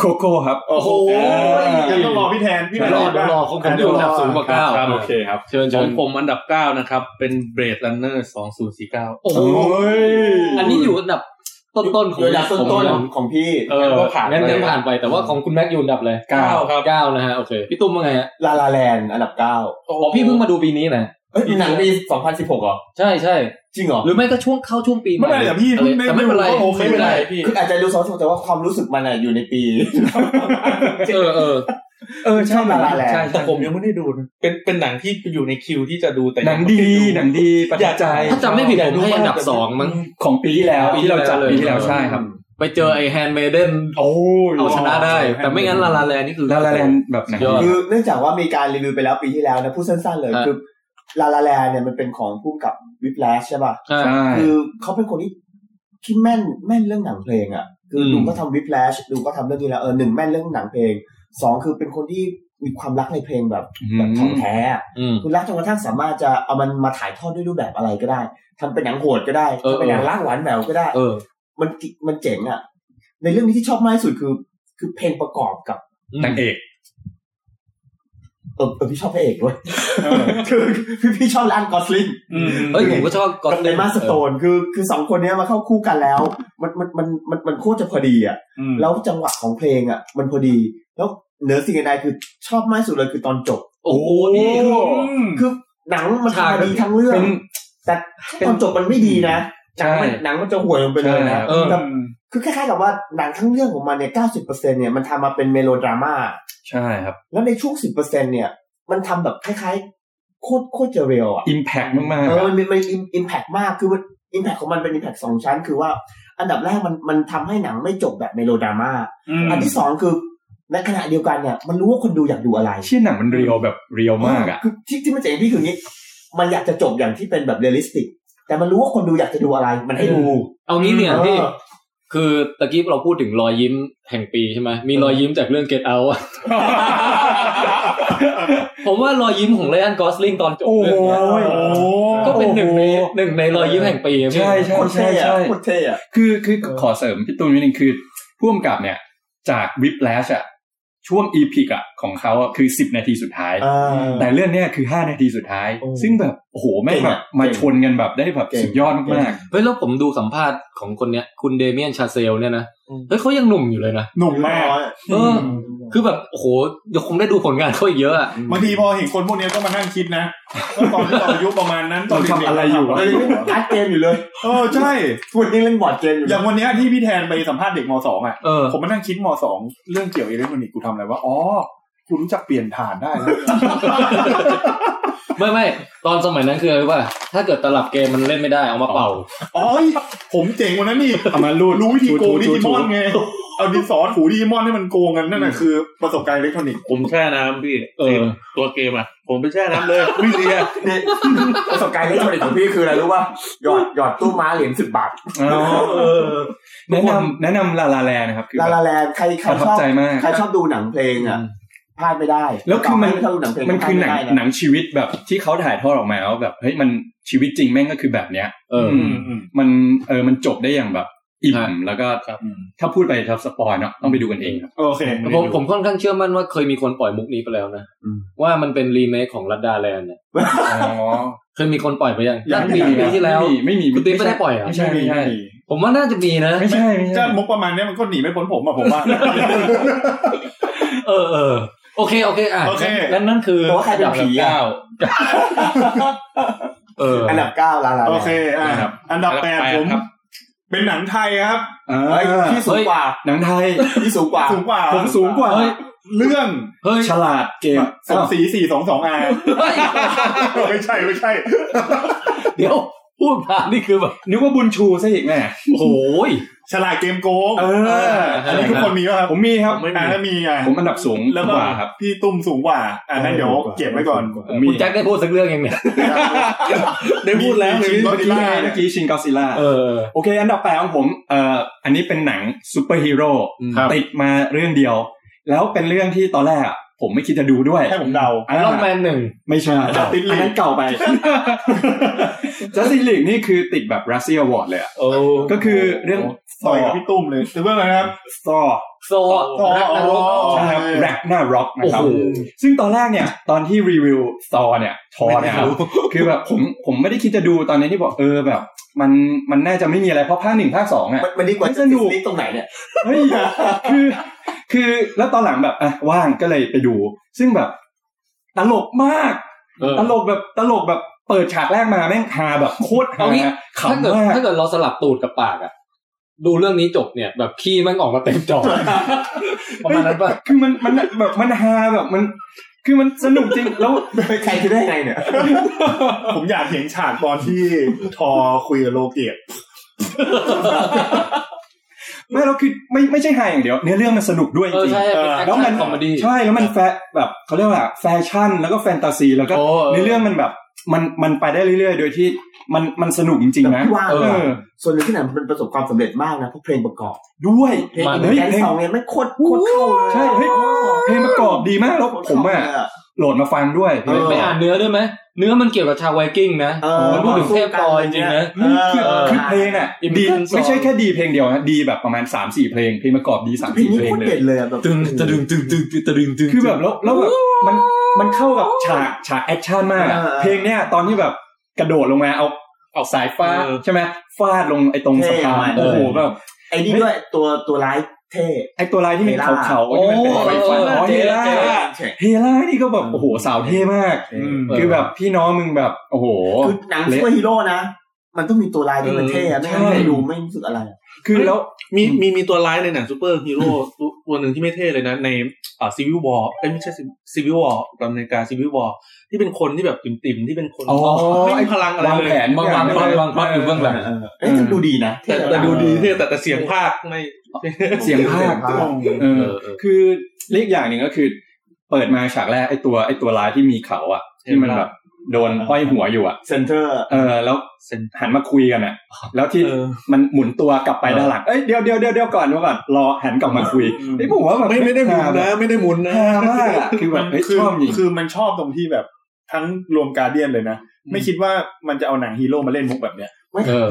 Speaker 7: โคโค่ครับ
Speaker 2: โอ้โห
Speaker 7: เออ
Speaker 2: ยังต้องรอพี่แทนพี่แทน
Speaker 1: รอรอรอของผมอยู่อันดับสูงกว่าเก้า
Speaker 7: ครับโอเคครับ
Speaker 1: เชิญ
Speaker 3: ข
Speaker 1: เชิ
Speaker 3: อง
Speaker 1: ญ
Speaker 3: ผมอันดับ 9 นะครับ เป็นเบรด e ันเนอร์2049
Speaker 1: โอ้โห
Speaker 7: โอ้ย
Speaker 1: อันนี้อยู่อันดับต้นๆของ
Speaker 4: โดยดับต้นๆของของพี่
Speaker 1: เออ
Speaker 3: ก็ผ่าน
Speaker 1: งั้น
Speaker 3: ไป
Speaker 1: งั้นผ่านไปแต่ว่าของคุณแม็กยูอันดับอะไร
Speaker 3: เก้าครับ
Speaker 1: เก้านะฮะโอเคพี่ตุ้มว่าไงฮะ
Speaker 4: ลาลาแลนอันดับเก้า
Speaker 1: อ๋อพี่เพิ่งมาดูปีนี้นะ
Speaker 4: เอ้ยมีหนังปี 2016เหรอ
Speaker 1: ใช่ใช่
Speaker 4: จริงเหรอ
Speaker 1: หรือไม่ก็ช่วงเข้าช่วงปีให
Speaker 2: ไม่เป็นไรแต่พี่เพิ่งได้
Speaker 1: แต่ไม่เป็นไร
Speaker 2: โอเค
Speaker 1: ไม่เป็นไร
Speaker 2: พี่
Speaker 4: คืออาจจะดูสองสิบแต่ว่าความรู้สึกมันอะอยู่ในปี
Speaker 1: เออเออ
Speaker 7: เออใช่
Speaker 4: ชอบ La La Land
Speaker 7: ใช่
Speaker 3: แต่
Speaker 7: ใช่
Speaker 3: ผมยังไม่ได้ดูนะเป็นเป็นหนังที่อยู่ในคิวที่จะดูแต่
Speaker 7: หนังดีหนังดีประ
Speaker 3: อ
Speaker 7: ทั
Speaker 3: ยา
Speaker 7: บ
Speaker 3: ก
Speaker 7: ใจ
Speaker 1: ถ้าจำไม่ผิดผมให้อันดับสองมั้ง
Speaker 7: ของปีที่แล้ว
Speaker 1: ปี
Speaker 7: ปี
Speaker 1: ที่
Speaker 7: ที่
Speaker 1: แล้
Speaker 7: เรา
Speaker 1: ว
Speaker 7: จัด
Speaker 1: เลย
Speaker 7: ปีที่แล้วใช่ครับ
Speaker 1: ไปเจอไอแฮนด์เมเดน
Speaker 7: โอ้ย
Speaker 1: เอาชนะได้ แต่ไม่งั้นลาลาแลนี่คือ
Speaker 7: ลาลาแลนด์แบบหนัง
Speaker 1: ยอด
Speaker 7: ดี
Speaker 4: คือเนื่องจากว่ามีการรีวิวไปแล้วปีที่แล้วนะพูดสั้นๆเลย
Speaker 1: อ่ะ
Speaker 4: คือลาลาแลนเนี่ยมันเป็นของผู้กำกับวิ l แ s ชใช่ป่ะ
Speaker 1: ใช่
Speaker 7: ใช่
Speaker 4: คือเขาเป็นคนที่ที่แม่นแม่นเรื่องหนังเพลงอะ คือหนุ่มก็ทำวิปแลชหนุ่มก็ทำเรื่องนี้แล้วเออหนึ่งแม่นเรื่องหนังเพลงสองคือเป็นคนที่มีความรักในเพลงแบบแบบท่องแท้อะ
Speaker 1: อืม
Speaker 4: คือรักจนกระทั่งสามารถจะเอามันมาถ่ายทอดด้วยรูปแบบอะไรก็ได้ทำเป็นหนังโหดก็ได้
Speaker 1: เออ
Speaker 4: ทำเป็นหนังร่างหวานแหววก็ได้
Speaker 1: เออ
Speaker 4: มันกิมันเจ๋งอ่ะ ในเรื่องนี้ที่ชอบมากที่สุดคือ คือเพลงประกอบกับ
Speaker 7: นางเอก
Speaker 4: เออเออพี่ชอบพระเอกด้วย [laughs] คือพี่พี่ชอบแลนกอสลิง
Speaker 2: อืม
Speaker 1: เฮ้ยผมก็ชอบ
Speaker 4: กับเลมาสโตนคือคือสองคนเนี้ยมาเข้าคู่กันแล้ว มันมันมันมันมันโคตรจะพอดีอ่ะ
Speaker 2: อืม
Speaker 4: แล้วจังหวะของเพลงอ่ะ มันพอดี แล้วเหนือสิ่งใดคือชอบมากที่สุดเลยคือตอนจบ
Speaker 1: โอ้โห
Speaker 2: อืม
Speaker 4: คือหนังมัน
Speaker 1: ฉาก
Speaker 4: พอดีทั้งเรื่อง แต่ตอนจบมันไม่ดีนะหนังมัน
Speaker 3: ใช่
Speaker 4: หนังมันจะห่วยลงไปเลยนะ
Speaker 1: เออ
Speaker 4: แต่คือคล้ายๆกับว่าหนังทั้งเรื่องของมันเนี่ยเก้าสิบเปอร์เซ็นเนี่ยมันทำมาเป็นเมโลดราม่า
Speaker 7: ใช่ครับ
Speaker 4: แล้วในช่วงสิบเปอร์เซ็นเนี่ยมันทำแบบคล้ายๆโคตรโคตรจะเรียลอ่ะ
Speaker 7: อิมแพกมาก
Speaker 4: เออ
Speaker 7: ๆอะ
Speaker 4: มันมันอิมแพกมาก คือมันอิมแพกของมันเป็นอิมแพกสองชั้น คือว่า อันดับแรกมันมันทำให้หนังไม่จบแบบเมโลดราม่า
Speaker 2: อืม
Speaker 4: อันที่สองคือ ในขณะเดียวกันเนี่ย มันรู้ว่าคนดูอยากดูอะไร
Speaker 7: เชี่ยหนังมันเรียวแบบเรียวมากอ่ะ
Speaker 4: คือที่ที่มันเจ๋งพี่คืออย่างนี้ มันอยากจะจบอย่างที่เป็นแบบเรียลลิสติก แต่มันรู้ว่าคนดูอยากจะดูอะไร มันให้ดู
Speaker 1: เอางี้เนี่ย
Speaker 4: เออ
Speaker 1: พี่คือตะกี้เราพูดถึงรอยยิ้มแห่งปีใช่ไหมมีรอยยิ้มจากเรื่อง Get Out [laughs] อะผมว่ารอยยิ้มของ Ryan Gosling ตอนจบ
Speaker 7: โอ้โห
Speaker 1: ก็เป็นหนึ่งในหนึ่งในรอยยิ้มแห่งปีอะพี่
Speaker 7: ใช่ใช่
Speaker 4: คน
Speaker 7: ใช่
Speaker 4: เท่อะ
Speaker 7: ใช่
Speaker 4: คนเท่อะ
Speaker 7: คือคือ
Speaker 4: เออ
Speaker 7: ขอเสริมพี่ตูนนิดนึงคือพ่วงกับเนี่ยจากวิปแลชอะช่วงอีพิกอะของเขาอะคือสิบนาทีสุดท้าย
Speaker 4: อ่า
Speaker 7: แต่เรื่องเนี้ยคือห้านาทีสุดท้าย
Speaker 4: โอ้
Speaker 7: ซึ่งแบบโอ้โหแม่ง
Speaker 4: เก่ง
Speaker 7: แบ
Speaker 4: อะ
Speaker 7: บมาชนกันแบบได้แบบ
Speaker 4: เก่ง
Speaker 7: สุดยอดมาก
Speaker 1: เฮ้ยแล้วผมดูสัมภาษณ์ของคนเนี้ยคุณเดเมียนชาเซลเนี่ยนะ
Speaker 4: อืม
Speaker 1: เฮ้ยเขายังหนุ่มอยู่เลยนะ
Speaker 2: หนุ่มมาก
Speaker 1: เออ คือแบบโอ้โหยังคงได้ดูผลงานเขาอีกเยอะอะ
Speaker 2: บางทีพอเห็นคนพวกเนี้ยก็มานั่งคิดนะว่าตอนที่เราอายุประมาณนั้นตอนเด็กๆ
Speaker 4: เออยังเล่นการ์ดเกมอยู่เลย
Speaker 2: เออใช่
Speaker 4: คุณยังเล่นบอร์ดเกมอ
Speaker 2: อ
Speaker 4: ยู่เล
Speaker 2: ย่าง
Speaker 4: ย
Speaker 2: วันเนี้ยที่พี่แทนไปสัมภาษณ์เด็กมสองอ่ะ
Speaker 1: เออ
Speaker 2: ผมมานั่งคิดมสองเรื่องเกี่ยวอิเล็กทรอนิกส์กูทำอะไรวะ อ๋อ กูรู้จักเปลี่ยนฐานได้นะ [laughs]
Speaker 1: ไม่ไม่ตอนสมัยนั้นคืออะไรรู้ป่ะถ้าเกิดตลับเกมมันเล่นไม่ได้เอามาเป่า
Speaker 2: อ๋อเฮ้ยผมเจ๋งกว่านั้นนี่
Speaker 7: ๆเอามาลูด
Speaker 2: รู้วิธีโกงดิจิมอน
Speaker 7: ไง
Speaker 2: ไง เอาดินสอถูดิจิมอนให้มันโกงกันนั่นน่ะคือประสบการณ์อิเล็กทรอนิกส์
Speaker 3: ผมแช่น้ำพี่
Speaker 1: เออ
Speaker 3: ตัวเกมอ่ะ ผมไปแช่น้ำเลยไม่เรีย
Speaker 4: เนี่ยประสบการณ์เล่นโทรศัพท์ของพี่คืออะไรรู้ป่ะหยอดหยอดตู้ม้าเหรียญสิบบาท
Speaker 7: แนะนำแนะนำลาลาแลนะครับคือ
Speaker 4: ลา
Speaker 7: แบบ
Speaker 4: ลาแลนด์ใครใคร
Speaker 7: ประทั
Speaker 4: ช
Speaker 7: บ
Speaker 4: อบ
Speaker 7: ใจมาก
Speaker 4: ใครชอบดูหนังเพลงอ่ะ
Speaker 1: อืม
Speaker 4: พลาดไม่ได้
Speaker 7: แล้วคือมัน
Speaker 4: ต่ให้ไชอบดูหนังเพลง
Speaker 7: มันคือหนัง
Speaker 4: พลาดไม่ได้ะ
Speaker 7: หนังชีวิตแบบที่เขาถ่ายทอดออกมาว่าแบบเฮ้ยมันชีวิตจริงแม่งก็คือแบบเนี้ย
Speaker 1: เออ
Speaker 7: ม มันเออมันจบได้อย่างแบบอิ่
Speaker 1: ครั
Speaker 7: ม
Speaker 1: บ
Speaker 7: แล้วก็ถ้าพูดไปทับสปอยเนาะต้องไปดูกันเองครับ
Speaker 2: โอเค
Speaker 1: ผมผมค่อนข้างเชื่อมั่นว่าเคยมีคนปล่อยมุกนี้ไปแล้วนะ ว่ามันเป็นรีเมคของรัดดาแลนด์เนี่ย
Speaker 7: อ๋อ
Speaker 1: เคยมีคนปล่อยไปยัง
Speaker 7: ยั
Speaker 1: ตั้
Speaker 7: ง
Speaker 1: งปีปีที่แล้ว
Speaker 7: ไม่มี
Speaker 1: คุณติ๊กไม่ได้ปล่อยเหรอ
Speaker 7: ไม่
Speaker 2: ใช่
Speaker 7: ใช่ไม่
Speaker 2: ใช่
Speaker 7: ใช่
Speaker 1: ผมว่าน่าจะมีนะ
Speaker 7: ไม่ใช่ไม่ใช่
Speaker 2: จ้ามกประมาณเนี้ยมันก็หนีไม่พ้นผมอะผมว่า
Speaker 1: เออเออโอเคโอเคอ่ะ
Speaker 2: โอเค
Speaker 1: นั่นนั่นคือ
Speaker 4: แต่ว่าใครเป็นผีอ่ะ
Speaker 1: เออ
Speaker 4: อันดับเก้าลาลา
Speaker 2: โอ
Speaker 4: แลน
Speaker 2: เค
Speaker 4: ด์
Speaker 2: อ่ะอันดับแปดผม
Speaker 3: ครับ
Speaker 2: เป็นหนังไทยครับ
Speaker 7: อ่า
Speaker 4: เฮ้ยที่สูงกว่า
Speaker 7: หนังไทย
Speaker 4: ที่สูงกว่า
Speaker 2: สูงกว่า
Speaker 7: ผมสูงกว่า
Speaker 1: เฮ้ย
Speaker 2: เรื่อง
Speaker 1: เฮ้ย
Speaker 7: ฉลาดเกม
Speaker 2: สมศรีสี่สองสองอา
Speaker 1: เฮ้ย
Speaker 2: ไม่ใช่ไม่ใช่
Speaker 1: เดี๋ยวพูดผ่านนี่คือแบบ
Speaker 7: นึกว่าบุญชูซะอีกแม่
Speaker 1: โอ้ย
Speaker 2: ฉลาดเกมโกง
Speaker 7: เออ
Speaker 2: อันนี้ทุกคนมีป่ะครับ
Speaker 7: ผมมีครับ
Speaker 2: อ่าถ้ามีอ่ะ
Speaker 7: ผมอันดับสูง
Speaker 2: แล้ว
Speaker 7: ก
Speaker 2: ก็
Speaker 7: ว่าครับ
Speaker 2: พี่ตุ้มสูงกว่าอ่ะงั้นเดี๋ยวเก็บไว้ก่อน
Speaker 7: ผมมี
Speaker 1: คุณแจ็คได้พูดสักเรื่องยังเนี่ย
Speaker 7: ได้พูดแล้ว
Speaker 2: มี
Speaker 7: เมื่อ
Speaker 2: ชิง
Speaker 7: กี้
Speaker 2: Godzilla
Speaker 7: เมื่อกี้เมื่อกี้ชิงกอซิล่า
Speaker 1: เออ
Speaker 7: โอเค อันดับแปดของผมเอ่ออันนี้เป็นหนังซูเปอร์ฮีโร่
Speaker 1: ครับ
Speaker 7: ติดมาเรื่องเดียว แล้วเป็นเรื่องที่ตอนแรกอะผมไม่คิดจะดูด้วย
Speaker 2: ให้ผมเดา
Speaker 1: ไอรอนแมนหนึ่ง
Speaker 7: ไม่ใช่ [laughs]
Speaker 2: Justice League
Speaker 7: อันนั้นเก่าไป จัสติลีกนี่คือติดแบบรัสเซียอ r ร์ดเลยอะก็คือเรื่อง
Speaker 2: ต่อยกับพี่ตุ้มเลยเรื่องอะไรนะครับ
Speaker 7: ซอ
Speaker 1: โซอ่ะ
Speaker 2: โซ
Speaker 1: รั
Speaker 2: อ่ะ
Speaker 1: กนรก
Speaker 2: อ๋อ
Speaker 7: ใช่ครับแร็กนาร็อกนะครับ
Speaker 1: โอ้โห
Speaker 7: ซึ่งตอนแรกเนี่ย ตอนที่รีวิวซอเนี่ยทอเนี่ยครับ [laughs] คือแบบผมผมไม่ได้คิดจะดูตอนนี้ที่บอกเออแบบ มันมันน่าจะไม่มีอะไรเพราะภาคหนึ่งภาคสองอ่ะ
Speaker 4: มันมันดีกว่า
Speaker 7: ไม่
Speaker 4: จะ
Speaker 7: สนุก
Speaker 4: ลิกตรงไหนเนี่ย
Speaker 7: เฮ้ยคือ คือแล้วตอนหลังแบบอ่ะว่างก็เลยไปดู ซึ่งแบบตลกมาก
Speaker 1: เออ
Speaker 7: ตลกแบบตลกแบบเปิดฉากแรกมาแม่งฮาแบบโคตรฮา
Speaker 1: เอางี้ ถ้าเกิด
Speaker 7: ขำมาก
Speaker 1: ถ้าเกิดเราสลับตูดกับปากอะดูเรื่องนี้จบเนี่ย แบบขี้แมันออกมาเต็มจอ ประมาณนั้นป่ะ
Speaker 7: คือมันมันแบบมันฮาแบบมัน คือมันสนุกจริงแล้ว
Speaker 4: ใครจะได้ไงเนี่ย
Speaker 2: ผมอยากเห็นฉากตอนที่ทอคุยกับโลเกียต
Speaker 7: ไม่เราคือไม่ไม่ใช่ฮาอย่างเดียว เนื้อเรื่องมันสนุกด้วยจ
Speaker 1: เออ
Speaker 7: ริง
Speaker 1: ใช่เป็นแอค
Speaker 7: แล้วมั
Speaker 1: ชั่
Speaker 7: น
Speaker 1: นคอมเมดี้
Speaker 7: ใช่แล้วมันแฟแบบเขาเรียกว่าแฟชั่นแล้วก็แฟนตาซีแล้วก็
Speaker 1: โอ้เออ
Speaker 7: เนื้อเรื่องมันแบบ มันมันไปได้เรื่อยๆ โดยที่มันมันสนุกจริงๆนะ
Speaker 4: แต่พี่ว่า
Speaker 7: เออ
Speaker 4: ส่วนหนึ่งที่หนังมันประสบความสำเร็จมากนะเพวกเพลงประกอบ
Speaker 7: ด้วย
Speaker 4: เพลง
Speaker 7: เฮ้ย
Speaker 4: แดน
Speaker 7: เพลง
Speaker 4: สองเนี่ยไม่โคตรโคตรเข้าเลย
Speaker 7: ใช่เฮ้ย เพลงประกอบดีมากแล้ว
Speaker 4: โคตร
Speaker 7: ผ
Speaker 4: เข้าม เลย
Speaker 7: อะโหลดมาฟังด้วย
Speaker 4: เออ
Speaker 1: ไปอ่านเนื้อด้วยไหมเนื้อมันเกี่ยวกับชาวไวกิ้งนะ
Speaker 4: เออ
Speaker 1: มันพูดถึงเทพปอจริงๆนะ
Speaker 4: เอ
Speaker 7: คือ
Speaker 4: อ
Speaker 7: คือเพลงอ่ะดี
Speaker 1: Immigrant Song
Speaker 7: ไม่ใช่แค่ดีเพลงเดียวนะดีแบบประมาณ 3 4 เพลงเพลงประกอบดี 3
Speaker 4: เพลง
Speaker 7: 4
Speaker 4: นี้
Speaker 7: เพลง
Speaker 4: โคตร
Speaker 7: เล
Speaker 4: เด็
Speaker 7: ย
Speaker 4: ดเลยอะแบบ
Speaker 1: ตึงตะดึงตึงตึงตะดึงตึง
Speaker 7: คือแบบแล้วแล้วแบบมันมันเข้ากับฉากฉากแอคชั่นมากอะเพลงเนี้ยตอนที่แบบกระโดดลงมาเอาเอาสายฟ้าใช่ไหมฟาดลงไอ้ตรงสะพานโอ้โหแบบ
Speaker 4: ไอ้นี่ด้วยตัวตัวร้ายเท่
Speaker 7: ไอ้ตัวลายที่เป็นเขาเขาๆที่มันเป็นไฟฟ้าอ๋อเฮล่า
Speaker 4: เท่
Speaker 7: เฮล่านี่ก็แบบโอ้โหสาวเท่มาก คือแบบพี่น้องมึงแบบโอ้โห
Speaker 4: คือหนังซูเปอร์ฮีโร่นะ มันต้องมีตัวร้ายที่มันเท่อะไม่งั้น
Speaker 7: ใช่
Speaker 4: ไม่ดูไม่รู้สึกอะไร
Speaker 7: คือแล้ว
Speaker 3: มีมีมีตัวร้ายในหนังซูเปอร์ฮีโร่ตัวตัวหนึ่งที่ไม่เท่เลยนะ ในอ่าซีวิววอร์ไม่ใช่ซีวิววอร์อเมริกาซีวิววอร์ที่เป็นคนที่แบบติ่มๆที่เป็นคน
Speaker 7: อ๋อ
Speaker 3: ไม่มีพลังอะไร
Speaker 7: วาง
Speaker 3: เล
Speaker 7: แผ
Speaker 3: ย
Speaker 7: น
Speaker 1: วางวางวางวางพล็อตอยู่เบื้องหลัง
Speaker 4: เออเอ้ยแต่ดูดีนะ
Speaker 3: แต่แต่ดูดีเท่แต่แต่เสียงภาคไม่
Speaker 7: เสียงภาค เออคือเรียกอย่างหนึ่งก็คือ เปิดมาฉากแรกไอตัวไอตัวร้ายที่มีเขาอะที่มันแบบโดนห้อยหัวอยู่อะ
Speaker 4: เซนเตอร์
Speaker 7: เออ แล้ว
Speaker 3: เซน
Speaker 7: หันมาคุยกันอะแล้วที่
Speaker 3: เออ
Speaker 7: มันหมุนตัวกลับไปด้านหลังเอ้ยเดี๋ยวเดี๋ยวเดี๋ยวเดี๋ยวก่อนเดี๋ยวก่อนรอหันกลับมาคุยไอผมว่าแบบ
Speaker 3: ไม่ไม่ได้หมุนนะ
Speaker 7: ฮา
Speaker 3: ไม่ได้หมุนนะ
Speaker 7: ฮามากอะคือแบ
Speaker 2: มั
Speaker 7: บ
Speaker 2: น
Speaker 7: เฮ้ย
Speaker 2: คือ
Speaker 7: ชอบจริง
Speaker 2: คือมันชอบตรงที่แบบทั้งรวมการเดียนเลยนะ ไม่คิดว่ามันจะเอาหนังฮีโร่มาเล่นมุกแบบเนี้ย
Speaker 1: เออ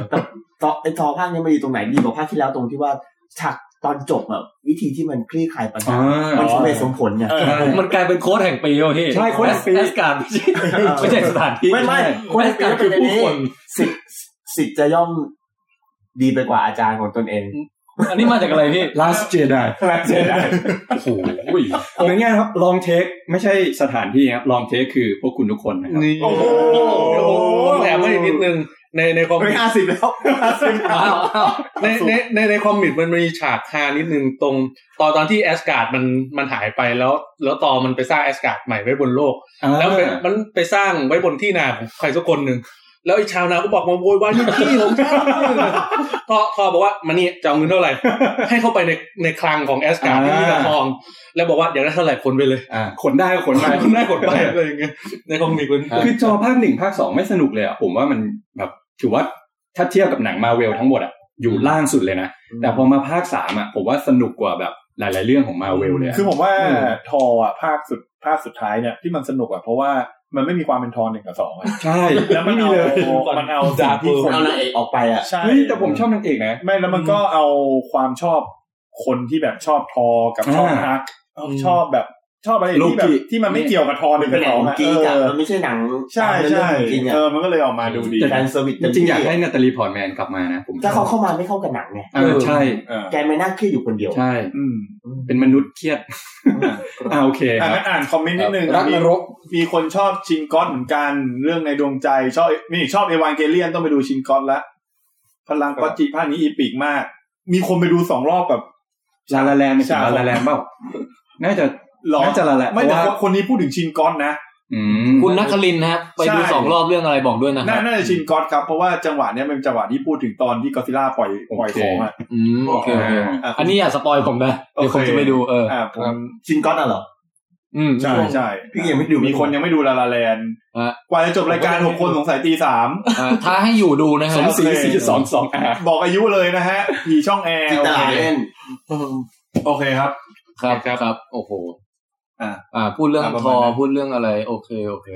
Speaker 4: ต่อไอ้ทอภาคนี้มันดีตรงไหนดีกว่าภาคที่แล้วตรงที่ว่าฉากตอนจบแบบวิธีที่มันคลี่คลายปัญหา
Speaker 7: อ่า
Speaker 4: มันสมเหตุสมผลไง
Speaker 2: เออ
Speaker 7: ใช่
Speaker 1: มันกลายเป็นโค้ดแห่งปีแล้วที่
Speaker 7: ใช่โค้ดแห่งปี
Speaker 1: อสการ์ดไม่ใช่ไม่ใช่สถานที่
Speaker 4: ไม่ไม่คนที่เป็นเป็นผู้คนสิทธิ์สิทธิ์จะย่อมดีไปกว่าอาจารย์ของตนเอง
Speaker 1: อันนี้มาจากอะไรพี่
Speaker 7: Last Jedi
Speaker 4: เสียดาย
Speaker 7: โอ้โหเหมือนไงครับลองเทคไม่ใช่สถานที่ครับลองเทคคือพวกคุณทุกคนนะครับ
Speaker 3: นี่
Speaker 2: โอ้โห
Speaker 3: แถมให้อีกนิดนึงในในคอมมิ
Speaker 4: ไม่
Speaker 3: ก
Speaker 4: ห้าสิบแล้ว
Speaker 1: อ้าวอ้าว
Speaker 3: ในในในในคอมมิกมันมีฉากฮานิดนึงตรง ตอนตอนที่แอสการ์ดมันมันหายไปแล้ว แล้วตอมันไปสร้างแอสการ์ดใหม่ไว้บนโลก แล้วมันมันไปสร้างไว้บนที่นาของใครสักคนหนึ่งแล้วไอ้ชาวนาก็บอกมาโวยวายนี่ที่ของฉัน [laughs] พอพอบอกว่ามานี่จะเอาเงินเท่าไหร่ ให้เข้าไปในในคลังของแอสการ์ดที่มี
Speaker 7: อ่า
Speaker 3: ตะทอง แล้วบอกว่าอยากได้เท่าไหร่คนไปเลย [laughs]
Speaker 7: อ่าขนได้ก็ขนไป
Speaker 3: คนได้กดไปอะไรอย่างเงี้ยในคอมมิกมัน
Speaker 7: คือจอภาคหนึ่งภาคสองไม่สนุกเลยอ่ะผมว่ามันแบบถือว่าถ้าเทียบกับหนังมาเวลทั้งหมดอ่ะอยู่ล่างสุดเลยนะ แต่พอมาภาคสามอ่ะผมว่าสนุกกว่าแบบหลาย ๆ เรื่องของมาเวลเลยอะ
Speaker 2: คือผมว่า
Speaker 7: อืม
Speaker 2: ทออ่ะภาคสุดภาคสุดท้ายเนี่ยที่มันสนุกอ่ะเพราะว่ามันไม่มีความเป็นทอหนึ่งกับสองอะ
Speaker 7: ใช่
Speaker 2: แล้วมันเอามันเอาสิ่งที่คน
Speaker 4: เอานางเอกออกไปอ่ะ
Speaker 2: ใช่
Speaker 7: เฮ้ยแต่ผมชอบนางเอกนะ
Speaker 2: ไม่แล้วมันก็เอาความชอบคนที่แบบชอบทอกับชอบ
Speaker 7: อ่า
Speaker 2: ฮักเอาชอบแบบชอบอะไร
Speaker 7: โลกิ
Speaker 2: ที่แบบที่มันไม่เกี่ยวกับทอหนึ่ง
Speaker 4: เป็
Speaker 2: กับ
Speaker 4: นห
Speaker 2: สอ
Speaker 4: นั
Speaker 2: ง งอะ
Speaker 4: กรีกอะ
Speaker 2: เออ
Speaker 4: มันไม่ใช่หนัง
Speaker 2: ใช่
Speaker 4: ตามเรื่
Speaker 2: ใช่
Speaker 4: องจริงอะ
Speaker 2: เออมันก็เลยออกมาดูดี
Speaker 4: แต่การเซอร์วิส
Speaker 7: จริงๆอยากให้นาตาลีพอร์ตแมนกลับมานะผม
Speaker 4: ถ้าเขาเข้ามาไม่เข้ากับหนังไง
Speaker 7: อ่าใช่
Speaker 2: เออ
Speaker 4: แกไม่น่าเครียดอยู่คนเดียว
Speaker 7: ใช่
Speaker 2: อืม
Speaker 7: เป็นมนุษย์เครียดอ่าโอเค
Speaker 2: อ่ะ
Speaker 7: ครับ
Speaker 2: งั้นอ่านคอมเมนต์นิดนึง
Speaker 8: รักนรก
Speaker 2: มีคนชอบชินก๊อตเหมือนกันเรื่องในดวงใจ ชอบนี่ชอบเอวานเกเลียนต้องไปดูชินก๊อตละพลังก๊อตจิภาคนี้อีปีกมาก มีคนไปดูสองรอบแบบ
Speaker 7: ลาลาแลนด์ไม่ใช่
Speaker 2: ใช่
Speaker 7: ลาลาแลนด์เปล่าน่าจะ
Speaker 2: หลอ
Speaker 7: น่าจะละแหละ
Speaker 2: ไม่แต่
Speaker 7: เพราะว่า
Speaker 2: ว่าคนนี้พูดถึงชินก๊อตนะ
Speaker 7: อืม
Speaker 1: คุณนักคลินทร์นะครับไปดู
Speaker 2: ใช่
Speaker 1: สองรอบเรื่องอะไรบอกด้วยนะค
Speaker 2: น่า
Speaker 1: รับ
Speaker 2: น่าจะชินก๊อตครับ เพราะว่าจังหวะเนี้ยเป็นจังหวะที่พูดถึงตอนที่กอซิลล่าปล่อยปล่อยของอ่ะ
Speaker 1: อืมโอเคโอเค
Speaker 7: อ่า
Speaker 2: ะ
Speaker 1: อันนี้อย่าสปอยผมนะเดี๋ยวผมจะไปดูเออ
Speaker 2: อ่ะผม
Speaker 4: ชินก๊อตอ่ะเหรอ
Speaker 1: อืม
Speaker 2: ใช่ใช่
Speaker 4: พี่ยังไม่ดู
Speaker 2: มีคนยังไม่ดูลาลาแลนด์
Speaker 1: ฮะ
Speaker 2: กว่าจะจบรายการหกคนสงสัยตีสาม
Speaker 1: อ่าถ้าให้อยู่ดูนะ
Speaker 7: ส
Speaker 1: ฮะ
Speaker 7: มศรี
Speaker 2: โอเค
Speaker 7: สี่จุดสองสองอ่า
Speaker 2: บอกอายุเลยนะฮะผีช่องแอร์
Speaker 4: จินตลาเล่น
Speaker 2: โอเคครับ
Speaker 1: ครับ
Speaker 3: ครับ
Speaker 1: ครับโอ้โห
Speaker 2: อ่ะ
Speaker 1: อ่า พูดเรื่อง
Speaker 2: อ่ะประ
Speaker 1: ท
Speaker 2: มา
Speaker 1: อ
Speaker 2: ณนั้น
Speaker 1: พูดเรื่องอะไร โอเคโอเค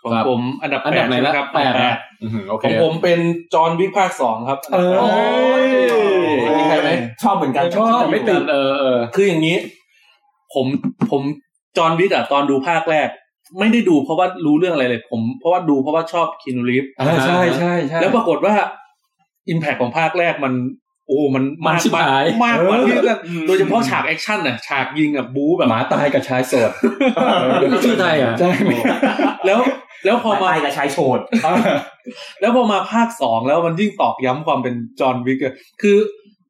Speaker 3: ของ
Speaker 1: ครับ
Speaker 3: ผมอันดับ
Speaker 1: อันดับไหน
Speaker 3: ใช่
Speaker 1: ละ
Speaker 3: มครับ
Speaker 1: แปด
Speaker 3: อันดั
Speaker 1: นะ
Speaker 3: บ
Speaker 1: อื้อหือโอ
Speaker 3: แปด
Speaker 1: เค
Speaker 3: ของผมเป็นจอห์นวิกภาคสองครับ
Speaker 7: เออ
Speaker 3: โย
Speaker 1: มีใครไหม
Speaker 4: ชอบเหมือนกัน
Speaker 7: ชอบ ไม่ติด
Speaker 1: เออเออ
Speaker 3: คืออย่างนี้ ผมผมจอห์นวิกอะตอนดูภาคแรก ไม่ได้ดูเพราะว่ารู้เรื่องอะไรเลย ผมเพราะว่าดูเพราะว่าชอบคีนูรีฟ
Speaker 7: อ่าใช่ใช่ใช่
Speaker 3: แล้วปรากฏว่า Impact ของภาคแรกมัน โอ้มัน
Speaker 1: มันชิบหาย
Speaker 3: มากกว่าที่จะ
Speaker 2: เออ
Speaker 3: โดยเฉพาะฉากแอคชั่นน่ะฉากยิงอ่ะบู๊แบบ
Speaker 7: หมาตายกับชายโสด
Speaker 1: ชื่อไทยเหรอ
Speaker 7: ใช่ไหม
Speaker 3: แล้ว แล้วพอมา
Speaker 4: ตายกับชายโฉด
Speaker 3: แล้วพอมาภาคสองแล้วมันยิ่งตอกย้ำความเป็นจอห์นวิกอะคือ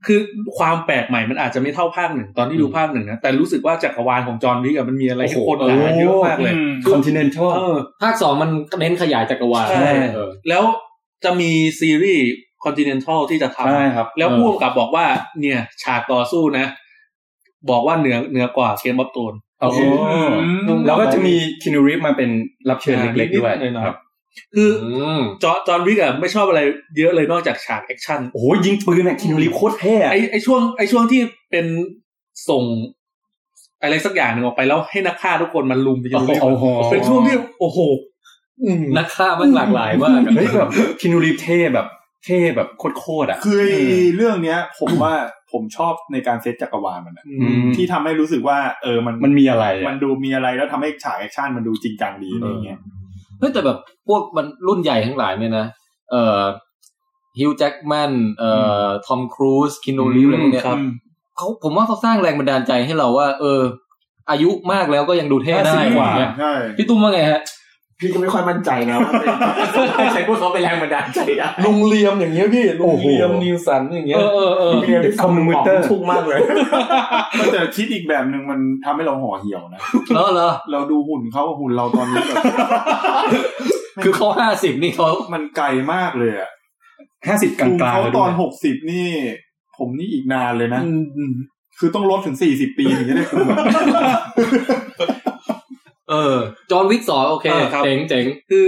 Speaker 3: คือความแปลกใหม่มันอาจจะไม่เท่าภาคหนึ่งตอนที่ดูภาคหนึ่งนะแต่รู้สึกว่าจักรวาลของจอห์นวิกอะมันมีอะไรให้คนหลาเยอะมากเลย
Speaker 7: คอนติเนนทัล
Speaker 3: เออ
Speaker 1: ภาคสองมันเน้นขยายจักรวาล
Speaker 3: ใช่
Speaker 1: เออ
Speaker 3: แล้วจะมีซีรีส์ Continental ที่จะทำ
Speaker 7: ใช่ครับ
Speaker 3: แล้ว
Speaker 1: เออ
Speaker 3: พ่วงกับบอกว่า เนี่ย ฉากต่อสู้นะ บอกว่าเหนือเหนือกว่าเกมบัฟโตน
Speaker 7: โอ้โห
Speaker 2: อืม
Speaker 7: แล้วก็จะมีคินูรีฟมาเป็นรับเชิญเล็กๆด้วย
Speaker 3: นิดๆหน่อยๆ
Speaker 7: ครับ
Speaker 3: คือ
Speaker 1: อืม
Speaker 3: จอจอห์นวิกอะไม่ชอบอะไรเยอะเลยนอกจากฉากแอคชั่น
Speaker 7: โอ้โหยิงปืนอะคินูรีโคตรเท่อะ
Speaker 3: ไอไอช่วงไอช่วงที่เป็นส่ง อะไรสักอย่างหนึ่งออกไปแล้วให้นักฆ่าทุกคนมันลุมไปอ
Speaker 7: โอ้
Speaker 3: ยู่ใน
Speaker 7: โห
Speaker 3: เป็นช่วงที่โอ้โหอืม
Speaker 1: นักฆ่ามันหลากหลายมากอะ
Speaker 7: เฮ้ยแบบคินูรีเท่แบบเท่แบบโคตรๆอะ
Speaker 2: คือไอ้เรื่องเนี้ย ผมว่าผมชอบในการเซตจักรวาลมันอะ
Speaker 7: อืม
Speaker 2: ที่ทำให้รู้สึกว่า เออมัน
Speaker 7: มันมีอะไรอะ
Speaker 2: มันดูมีอะไรแล้วทำให้ฉากแอคชั่นมันดูจริงจังดีอะไรอย่างเงี้ย
Speaker 1: เฮ้ยแต่แบบพวกมันรุ่นใหญ่ทั้งหลายเนี่ยนะเอ่อฮิวแจ็กแมนเอ่อทอมครูซคินโนลีฟอะไรพวกเนี้ย
Speaker 3: ครับ
Speaker 1: เขาผมว่าเขาสร้างแรงบันดาลใจให้เราว่า เออ อายุมากแล้วก็ยังดูเท่ได้
Speaker 7: ห้าสิบกว่า
Speaker 1: อะไรเงี้ย
Speaker 2: ใช่
Speaker 1: พี่ตุ้มว่าไงฮะ
Speaker 4: พี่ก็ไม่ค่อยมั่นใจนะว่าเป็นใช้พวกเขาเป็นแรงบันดาลใจได้
Speaker 3: ลุงเลียมอย่างเงี้ยพี่ลุงเลียม
Speaker 7: โอ้โห
Speaker 3: นิวสันอย่างเงี้
Speaker 1: เอย อเออเออ
Speaker 4: เรียนด้วยคอม
Speaker 7: คอมมิว
Speaker 4: ออก
Speaker 7: เตอร์
Speaker 4: ทุ่งมากเลย
Speaker 2: ก็แต่คิดอีกแบบหนึ่งมันทำให้เราห่อเหี่ยวนะ
Speaker 1: แล้วเหรอ
Speaker 2: เราดูหุ่นเขากับหุ่นเราตอนนี้แบบ [laughs]
Speaker 1: คือเขาห้าสิบนี่เขา
Speaker 2: มันไกลมากเลยอะ
Speaker 7: ห้าสิบกลางๆ
Speaker 2: เขา
Speaker 7: เลย
Speaker 2: ต
Speaker 7: ด้
Speaker 2: อ
Speaker 7: วน ย
Speaker 2: หกสิบนี่ ผมนี่อีกนานเลยนะ คือต้องลดถึงสี่สิบปีถึงจะได้คุณ
Speaker 1: เออ จอห์นวิกสอนโอเค
Speaker 3: เออครับ
Speaker 1: เจ๋งเจ๋ง
Speaker 3: คือ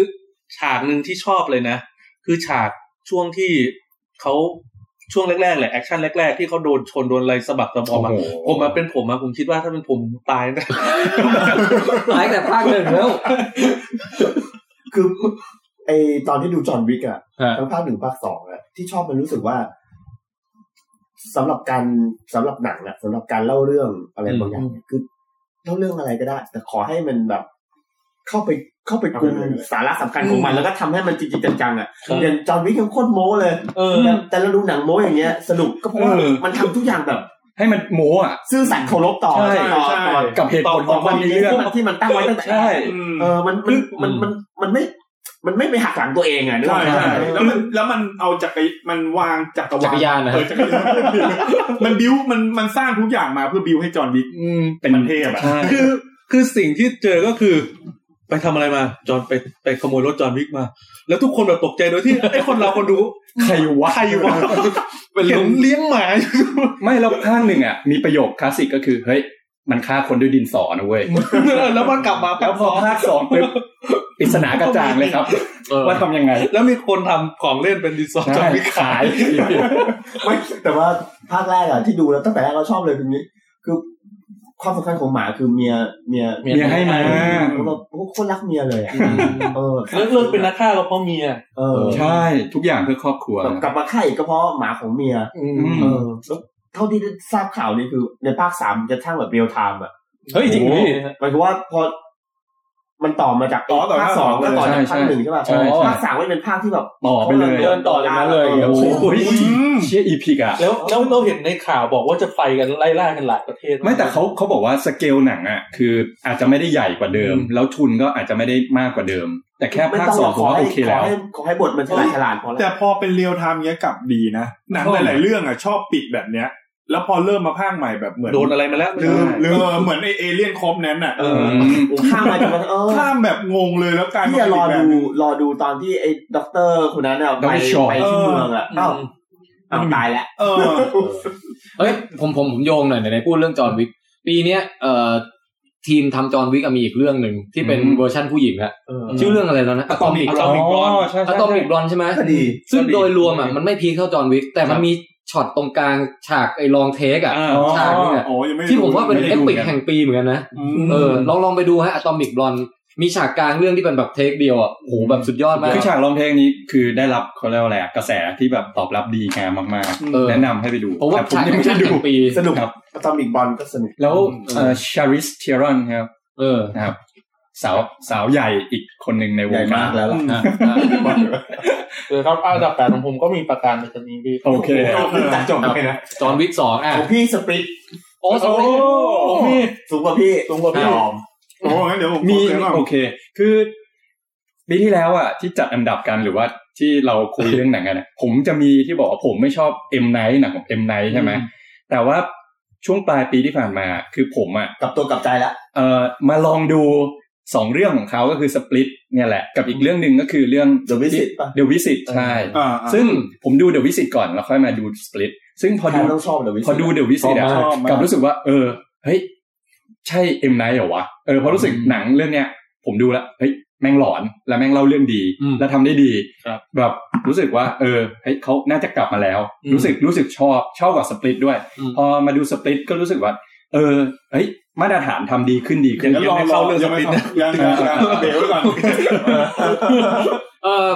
Speaker 3: ฉากหนึ่งที่ชอบเลยนะ คือฉากช่วงที่เขาช่วงแรกๆแหละแอคชั่นแรกๆ ที่เขาโดนชนโดนอะไรสะบักสะบอ
Speaker 7: โอ้
Speaker 3: มอะ
Speaker 7: โห
Speaker 3: ผมมาเป็นผมอะผมคิดว่าถ้าเป็นผมผมตายนะ
Speaker 1: หลายแต่ภาคหนึ่งแล้ว
Speaker 4: คือไอตอนที่ดูจอห์นวิกอะ
Speaker 1: ฮะ
Speaker 4: ทั้งภาคหนึ่งภาคสองอะที่ชอบมันรู้สึกว่าสำหรับการสำหรับหนังอะสำหรับการเล่าเรื่องอะไรบางอย่างเนี่ยคือเล่าเรื่องอะไรก็ได้ แต่ขอให้มันแบบ เข้าไปเข้าไปกลุ่ม
Speaker 2: เอาไปเลย
Speaker 4: สาระสำคัญของมัน แล้วก็ทำให้มันจริงๆจังๆอะ
Speaker 3: ครับ
Speaker 4: อย่างจอห์นวิกยังโคตรโม้เลย
Speaker 3: เออ
Speaker 4: แต่แต่เราดูหนังโม้อย่างเงี้ย สนุกก็เพราะว่ามันทำทุกอย่างแบบ
Speaker 7: ให้มันโม้อะ
Speaker 4: ซื่อสัตย์เคารพต่อ
Speaker 7: ใช่
Speaker 4: ต่อ
Speaker 2: ใช่
Speaker 4: ต่อ
Speaker 7: กับเหตุผลของคนในเรื่อง
Speaker 4: ที่มันตั้งไว้ตั้งแต่
Speaker 7: ใช่
Speaker 4: เออ มัน มัน มัน มัน มันไม่ มันไม่ไปหักหลังตัวเองอ่ะนึกอ
Speaker 2: ใช่
Speaker 4: อกไหม
Speaker 2: ใช่แล้วมันแล้วมันเอาจักรยมันวางจักรวาล
Speaker 1: จักรยานนะฮะ
Speaker 2: เออจักรยานมันบิวมันมันสร้างทุกอย่างมาเพื่อบิวให้จอห์นวิก
Speaker 7: อืมเป็น
Speaker 2: มันเทพอะ
Speaker 7: ใช่
Speaker 3: คือคือสิ่งที่เจอก็คือ ไปทำอะไรมาจอห์นไปไปขโมยรถจอห์นวิกมา แล้วทุกคนแบบตกใจโดยที่ ไอ้คนเราคนดู
Speaker 7: ใครวะ
Speaker 3: ใครวะเป็นลุงเลี้ยงหมาอยู่
Speaker 7: ไม่แล้วข้างหนึ่งอ่ะมีประโยคคลาสสิกก็คือ เฮ้ย มันฆ่าคนด้วยดินสอนะเว้ย
Speaker 3: [laughs] แล้วมันกลับมา
Speaker 7: แล้วพอภาคสองปุ๊บปริศนากระจ่างเลยครับ
Speaker 1: เออ
Speaker 7: [laughs] ว่าทำยังไง
Speaker 3: แล้วมีคนทำของเล่นเป็นดินสอจอห์นวิกขาย
Speaker 4: ไม่แต่ว่าภาคแรกอ่ะที่ดูแล้วตั้งแต่แรกเราชอบเลยคือนี้ คือความสำคัญของหมาคือเมีย เมีย
Speaker 1: เมี
Speaker 7: เมียให้มา
Speaker 4: เราโอ้โหโคตรรักเมียเลยอะเออ
Speaker 3: เลิกเลิกเป็นนักฆ่าก็เพราะเมีย
Speaker 4: เออ
Speaker 7: ใช่ทุกอย่างเพื่อครอบครัว
Speaker 4: แบบกลับมาไข่าอีกก็เพราะหมาของเมีย
Speaker 7: อืม
Speaker 4: เออแล้วเท่าที่ได้ทราบข่าวนี่คือ ในภาคสามจะทั้งแบบเรียลไทม์อ่ะ
Speaker 1: เฮ้ยจริงดิ
Speaker 4: หมายความว่าพอ มันต่อมาจากภาคสองแล้วต่อจากภาคหนึ่งใช่ป่ะ
Speaker 1: ใช่ใช่
Speaker 4: ภาคสามก็เป็นภาคที่แบบ
Speaker 7: ต่อไปเลย
Speaker 3: ดินต่อจากนั้นเลย
Speaker 7: โอ้โห
Speaker 2: อืม
Speaker 7: เชี่ยอีพิกอะ
Speaker 3: แล้วแล้วเราเห็นในข่าวบอกว่าจะไฟกันไล่ล่ากันหลายประเทศ
Speaker 7: ไม่แต่เขาเขาบอกว่าสเกลหนังอ่ะคืออาจจะไม่ได้ใหญ่กว่าเดิม แล้วทุนก็อาจจะไม่ได้มากกว่าเดิม แต่แค่
Speaker 4: ไม่
Speaker 7: ภาค
Speaker 4: ต้อง
Speaker 7: ส
Speaker 4: ห
Speaker 7: อ
Speaker 4: รง อกข
Speaker 7: ผม
Speaker 4: อ
Speaker 7: ว่า
Speaker 4: ให้
Speaker 7: โอเค
Speaker 4: ขอ
Speaker 7: แล้ว
Speaker 4: ให้ขอให้บทมันฉลาดฉลาดพอ
Speaker 2: แต่
Speaker 4: แล้ว
Speaker 2: พอเป็นเรียลไทม์เนี้ยกลับดีนะหนังหลายๆเรื่องอ่ะชอบปิดแบบเนี้ย แล้วพอเริ่มมาภาคใหม่แบบเหมือน
Speaker 3: โดนอะไรมาแล้ว
Speaker 2: ลืม
Speaker 7: ลื
Speaker 2: ลื
Speaker 7: ม
Speaker 2: มเหมือนไอเอเลี่ยนครบนั้นอ่ะ
Speaker 3: เออ
Speaker 4: ข้ามมาจนมันเออ
Speaker 2: ข้ามแบบงงเลยแล้วกลาย
Speaker 4: พี่
Speaker 2: มา
Speaker 4: อะร
Speaker 2: เป็
Speaker 4: อน
Speaker 2: แบบ
Speaker 4: ดู
Speaker 2: นึง
Speaker 4: รอดูตอนที่ไอ้ด็อกเตอร์คนนั้นอะไป
Speaker 7: ดอกเตอร์ชอป
Speaker 4: ไปที่เมืองอะ
Speaker 3: เออ
Speaker 4: เอ้าวอ้าวตายแล้ว
Speaker 2: เออ
Speaker 1: เอ้ยผมผมผมโยงหน่อยไหนๆพูดเรื่องจอห์นวิกปีเนี้ยเอ่อทีมทำจอห์นวิกมีอีกเรื่องหนึ่งที่เป็น
Speaker 7: อืม
Speaker 1: เวอร์ชั่นผู้หญิงฮะ
Speaker 4: เออ
Speaker 1: ชื่อเรื่องอะไรแล้วนะ
Speaker 2: Atomic
Speaker 7: อ๋
Speaker 1: Atomic
Speaker 7: อ
Speaker 1: Blonde
Speaker 7: ใช่ใช่
Speaker 1: Atomic Blonde ใช่ไหม
Speaker 4: ก็ดี
Speaker 1: ซึ่ง
Speaker 3: ก็ดี
Speaker 1: โดยรวมอ่ะมันไม่พีคเท่าจอห์นวิกแต่มันมีช็อตตรงกลางฉากไอ้ลองเทคอ่ะ
Speaker 3: อ่า
Speaker 7: อ๋อ
Speaker 1: ฉากนึงอะ
Speaker 2: โอ้ยังไม่
Speaker 1: ที่ผมว่าเป็น
Speaker 7: ไม่ได้
Speaker 1: เอ
Speaker 7: ดู
Speaker 1: ปิก
Speaker 7: เหมือนกัน
Speaker 1: แห่งปีเหมือนกันนะ
Speaker 2: อืม
Speaker 1: เออลองลองไปดูฮะ Atomic Blonde มีฉากกลางเรื่องที่เป็นแบบเทคเดียวอ่ะโอ้โหแบบสุดยอดมาก
Speaker 7: คือฉากร้องเพลงนี้คือได้รับเขาเรียกว่าอะไรอะกระแสที่แบบตอบรับดีงามมาก
Speaker 1: เออ
Speaker 7: ๆ แนะนำให้ไปดู
Speaker 1: ผมว่า
Speaker 7: แต่ผม
Speaker 1: ฉาก
Speaker 7: ยังไม่
Speaker 1: ฉา
Speaker 7: ได้
Speaker 1: ก
Speaker 7: ดู
Speaker 1: แห่งปี
Speaker 4: สนุก
Speaker 7: ครับ
Speaker 4: อะตอมิกบอลก็สนุก
Speaker 7: แล้วชาริสเทียรอนครับ
Speaker 1: เออ
Speaker 7: นะครับสาวสาวใหญ่อีกคนหนึ่งในว
Speaker 4: ใหญ่
Speaker 7: งกาม
Speaker 4: าร กแล้วล่ะ
Speaker 1: อ่ะ
Speaker 3: เออครับอันดับแปดของผมก็มีประการแบบนี้พี่
Speaker 7: โอเค
Speaker 4: เอาขึ้นจากจบไปนะ
Speaker 1: จอห์นวิกสองอ่ะ
Speaker 4: ของพี่สปริต
Speaker 1: โอ้สอง
Speaker 7: มี
Speaker 4: สูงกว่าพี่
Speaker 3: ตรงกับพี่
Speaker 4: ยอม
Speaker 2: โอ้งั้นเดี๋ยวผม
Speaker 7: มี
Speaker 2: ขอเสียงก่อน
Speaker 7: โอเค คือปีที่แล้วอ่ะที่จัดอันดับกันหรือว่าที่เราคุยเรื่องหนังกันอะผมจะมีที่บอกว่าผมไม่ชอบเอ็มไนท์หนังของเอ็มไนท์ใช่ไหมแต่ว่าช่วงปลายปีที่ผ่านมาคือผมอ่ะ
Speaker 4: กลับตัวกลับใจแล้ว
Speaker 7: เอ่อมาลองดูสองเรื่องของเขาก็คือสปลิตเนี่ยแหละ กับอีกเรื่องหนึ่งก็คือเรื่อง
Speaker 4: เดอะวิสิตป่ะ
Speaker 7: The Visit ใช่
Speaker 2: อ่า
Speaker 7: ซึ่งผมดู The Visit ก่อนแล้วค่อยมาดู Split ซึ่งพอ
Speaker 4: ใคร
Speaker 7: ดู
Speaker 4: ต้องชอบเดอะวิสิต
Speaker 7: พอดู The Visit อะ
Speaker 2: ชอบมาก
Speaker 7: กลับรู้สึกว่า เออ เฮ้ย ใช่ M Night เหรอวะ เออเพอรู้สึกหนังเรื่องเนี้ย ผมดูแล้วเฮ้ย แม่งหลอนและแม่งเล่าเรื่องดี
Speaker 1: อืม
Speaker 7: และทำได้ดี
Speaker 3: ครับ
Speaker 7: แบบรู้สึกว่า เออเฮ้ยเขาน่าจะกลับมาแล้ว
Speaker 1: อืม
Speaker 7: รู้สึกรู้สึกชอบชอบกว่าสปริตด้วย
Speaker 1: อืม
Speaker 7: พอมาดูสปริตก็รู้สึกว่า เออเฮ้ยมาตรฐานทำดีขึ้นดี
Speaker 2: อ
Speaker 7: ขึ้
Speaker 2: ย่าน งนั้นรอ
Speaker 7: ไม่
Speaker 2: รอ
Speaker 7: เข้าเรื่อง
Speaker 2: ยั
Speaker 7: ส
Speaker 2: ง
Speaker 7: ป
Speaker 2: ไม่
Speaker 7: ริต
Speaker 2: เข้า
Speaker 7: นะ
Speaker 2: ยังยังยังเบรกไว้ก่อน
Speaker 1: เออ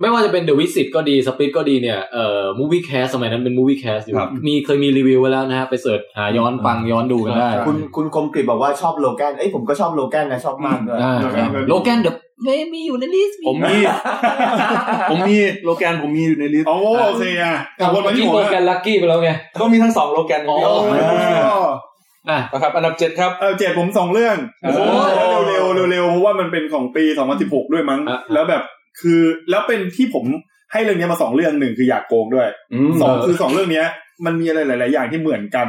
Speaker 1: ไม่ว่าจะเป็น The Visit ก็ดี Split ก็ดีเนี่ยเอ่อ Movie Cast สมัยนั้นเป็น Movie Cast อยู่
Speaker 7: ครับ
Speaker 1: มีเคยมีรีวิวไว้แล้วนะฮะ ไปเสิร์ชหาย้อนฟังย้อนดูกันได้
Speaker 4: คุณคุณคมกริบบอกว่าชอบโลแกนเอ้ยผมก็ชอบโลแกนนะชอบมากด้วย
Speaker 1: อ่า
Speaker 2: ครับ
Speaker 1: โลแกนเดอะเฮ้ยมีอยู่ในลิสต์
Speaker 3: ผมมี ผมมีโลแกนผมมีอยู่ในลิสต์
Speaker 2: อ๋อโอเคอ่ะกลับวนมาที่ผม
Speaker 1: โลแกนลักกี้ไปแล้วไง
Speaker 3: ก็มีทั้งสองโลแกนของพี่
Speaker 1: อ๋
Speaker 3: โอ
Speaker 1: อ อ่ะ
Speaker 3: นะครับอันดับเจ็ดครับ
Speaker 2: เออเจ็ดผมสองเรื่อง
Speaker 7: โอ้โห
Speaker 2: เร็วเร็วๆเร็วๆเพราะว่ามันเป็นของปีสองพันสิบหกด้วยมั้ง
Speaker 1: อ่ะ
Speaker 2: แล้วแบบคือแล้วเป็นที่ผมให้เรื่องเนี้ยมาสองเรื่องหนึ่งคืออยากโกงด้วย
Speaker 7: อืม
Speaker 2: สองคือสองเรื่องเนี้ย มันมีอะไรหลาย ๆ อย่างที่เหมือนกัน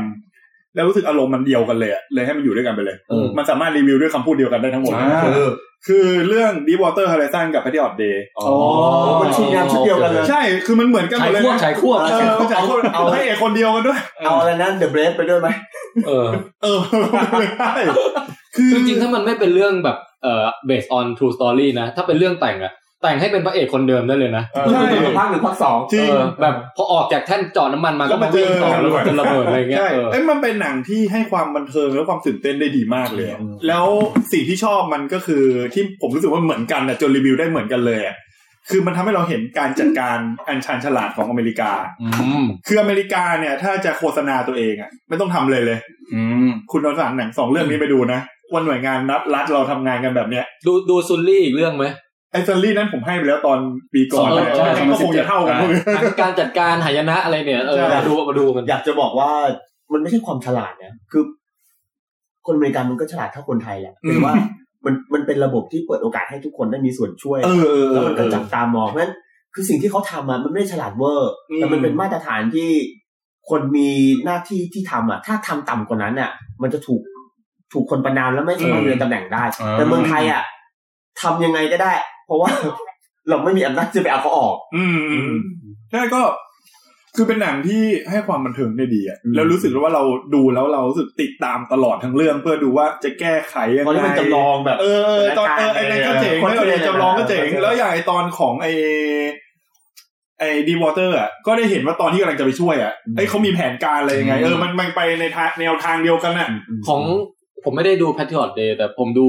Speaker 2: แล้วรู้สึกอารมณ์มันเดียวกันเลยอะเลยให้มันอยู่ด้วยกันไปเลย
Speaker 1: เออ
Speaker 2: มันสามารถรีวิวด้วยคำพูดเดียวกันได้ทั้งหมด
Speaker 7: อ่า
Speaker 2: คือเรื่อง Deepwater Horizon กับ Patty Hot Day
Speaker 7: อ๋อ
Speaker 4: มันชุดงานชุดเดียวกันเลย
Speaker 2: ใช่ คือมันเหมือนกันห
Speaker 1: ชาม ย
Speaker 2: ดเลย
Speaker 1: คั่ว
Speaker 2: นะ
Speaker 1: ชายคั่ว
Speaker 2: เออมันจะเอาเอาให้เอกคนเดียวกันด้วย
Speaker 4: เอาอะไรนั้นเดอะเบรฟไปด้วยไหม
Speaker 1: เออ
Speaker 2: เออไม่ได้คือ
Speaker 1: คือจริงๆถ้ามันไม่เป็นเรื่องแบบเอ่อ based on true story นะ ถ้าเป็นเรื่องแต่งอะแต่งให้เป็นพระเอกคนเดิมได้เลยนะ
Speaker 2: ใช่
Speaker 4: ภาคหนึ่งภาคสอง
Speaker 2: จริง
Speaker 1: เออแบบพอออกจากแท่นจอดน้ำมันมา
Speaker 2: แล้
Speaker 1: ก็
Speaker 2: วมา
Speaker 1: มา
Speaker 2: เจอ
Speaker 1: วิ่งต่อแล้วมันจะระเบิดอะไรเงี้ย
Speaker 2: ใช่
Speaker 1: เออ
Speaker 2: เอ้ยมันเป็นหนังที่ให้ความบันเทิงและความตื่นเต้นได้ดีมากเลยอะแล้วสิ่งที่ชอบมันก็คือที่ผมรู้สึกว่าเหมือนกันนะจนรีวิวได้เหมือนกันเลยอะคือมันทำให้เราเห็นการจัดการอันชันฉลาดของอเมริกา
Speaker 1: อืม
Speaker 2: คืออเมริกาเนี่ย ถ้าจะโฆษณาตัวเองอ่ะไม่ต้องทำเลยเลย
Speaker 7: อืม
Speaker 2: คุณเอาหนังหนังสองเรื่องนี้ไปดูนะว่าหน่วยงานรัฐรัฐเราทำงานกันแบบเนี้ย
Speaker 1: ดูดูซุนลี่อีกเรื่องไหม
Speaker 2: ไอซันลี่นั้นผมให้ไปแล้วตอนปีก่อน
Speaker 1: สอง
Speaker 2: นะ
Speaker 1: ใช่
Speaker 2: มันก็คงจะเท่ากัน
Speaker 7: ใช่
Speaker 2: เลย
Speaker 1: หนังการจัดการหายนะอะไรเนี่ยเออ
Speaker 2: ใช่
Speaker 1: มาดูมาดูกัน
Speaker 4: อยากจะบอกว่ามันไม่ใช่ความฉลาดนะคือ คนอเมริกันมันก็ฉลาดเท่าคนไทยแหละ
Speaker 2: อืม
Speaker 4: แต่ว่ามันมันเป็นระบบที่เปิดโอกาสให้ทุกคนได้มีส่วนช่วย
Speaker 2: เออเออเอ
Speaker 4: แล้ว
Speaker 2: อ
Speaker 4: มัน
Speaker 2: เอ
Speaker 4: ก็
Speaker 2: อ
Speaker 4: จับตามองเพราะฉะนั้นคือสิ่งที่เขาทำอ่ะมันไม่ได้ฉลาดเวอร์
Speaker 2: อืม
Speaker 4: แต่มันเป็นมาตรฐานที่คนมีหน้าที่ที่ทำอ่ะ ถ้าทำต่ำกว่านั้นอ่ะ มันจะถูกถูกคนประนามแล้วไม่สามารถเลื่อนตำแหน่งได้
Speaker 7: อืม
Speaker 4: แต่เมืองไทยอ่ะทำยังไงก็ได้ เพราะว่า [laughs] เราไม่มีอำนาจจะไปเอาเขาออก
Speaker 2: อืมอืมอืมใช่ก็คือเป็นหนังที่ให้ความบันเทิงได้ดีอะ
Speaker 4: อืม
Speaker 2: แล้วรู้สึกว่าเราดูแล้วเรารู้สึกติดตามตลอดทั้งเรื่องเพื่อดูว่าจะแก้ไขยัง
Speaker 4: เพราะนี่
Speaker 2: ไง
Speaker 4: มันจำลองแบบ
Speaker 2: เออเออตอนเออไอ้นั่นก็เจ๋ง
Speaker 4: คน
Speaker 2: แล้ว
Speaker 4: เรียน
Speaker 2: ไอ้จำลองก็เจ๋ง
Speaker 4: คนเรียน
Speaker 2: แล้วอย่างไอ้ตอนของไอ้ไอ้ดีวอเตอร์อ่ะก็ได้เห็นว่าตอนที่กำลังจะไปช่วยอ่ะไอ้ยเขามีแผนการอะไรยังไงเออมันมันไปในทางแนวทางเดียวกันน่ะ
Speaker 1: ของผมไม่ได้ดู Patriot Day แต่ผมดู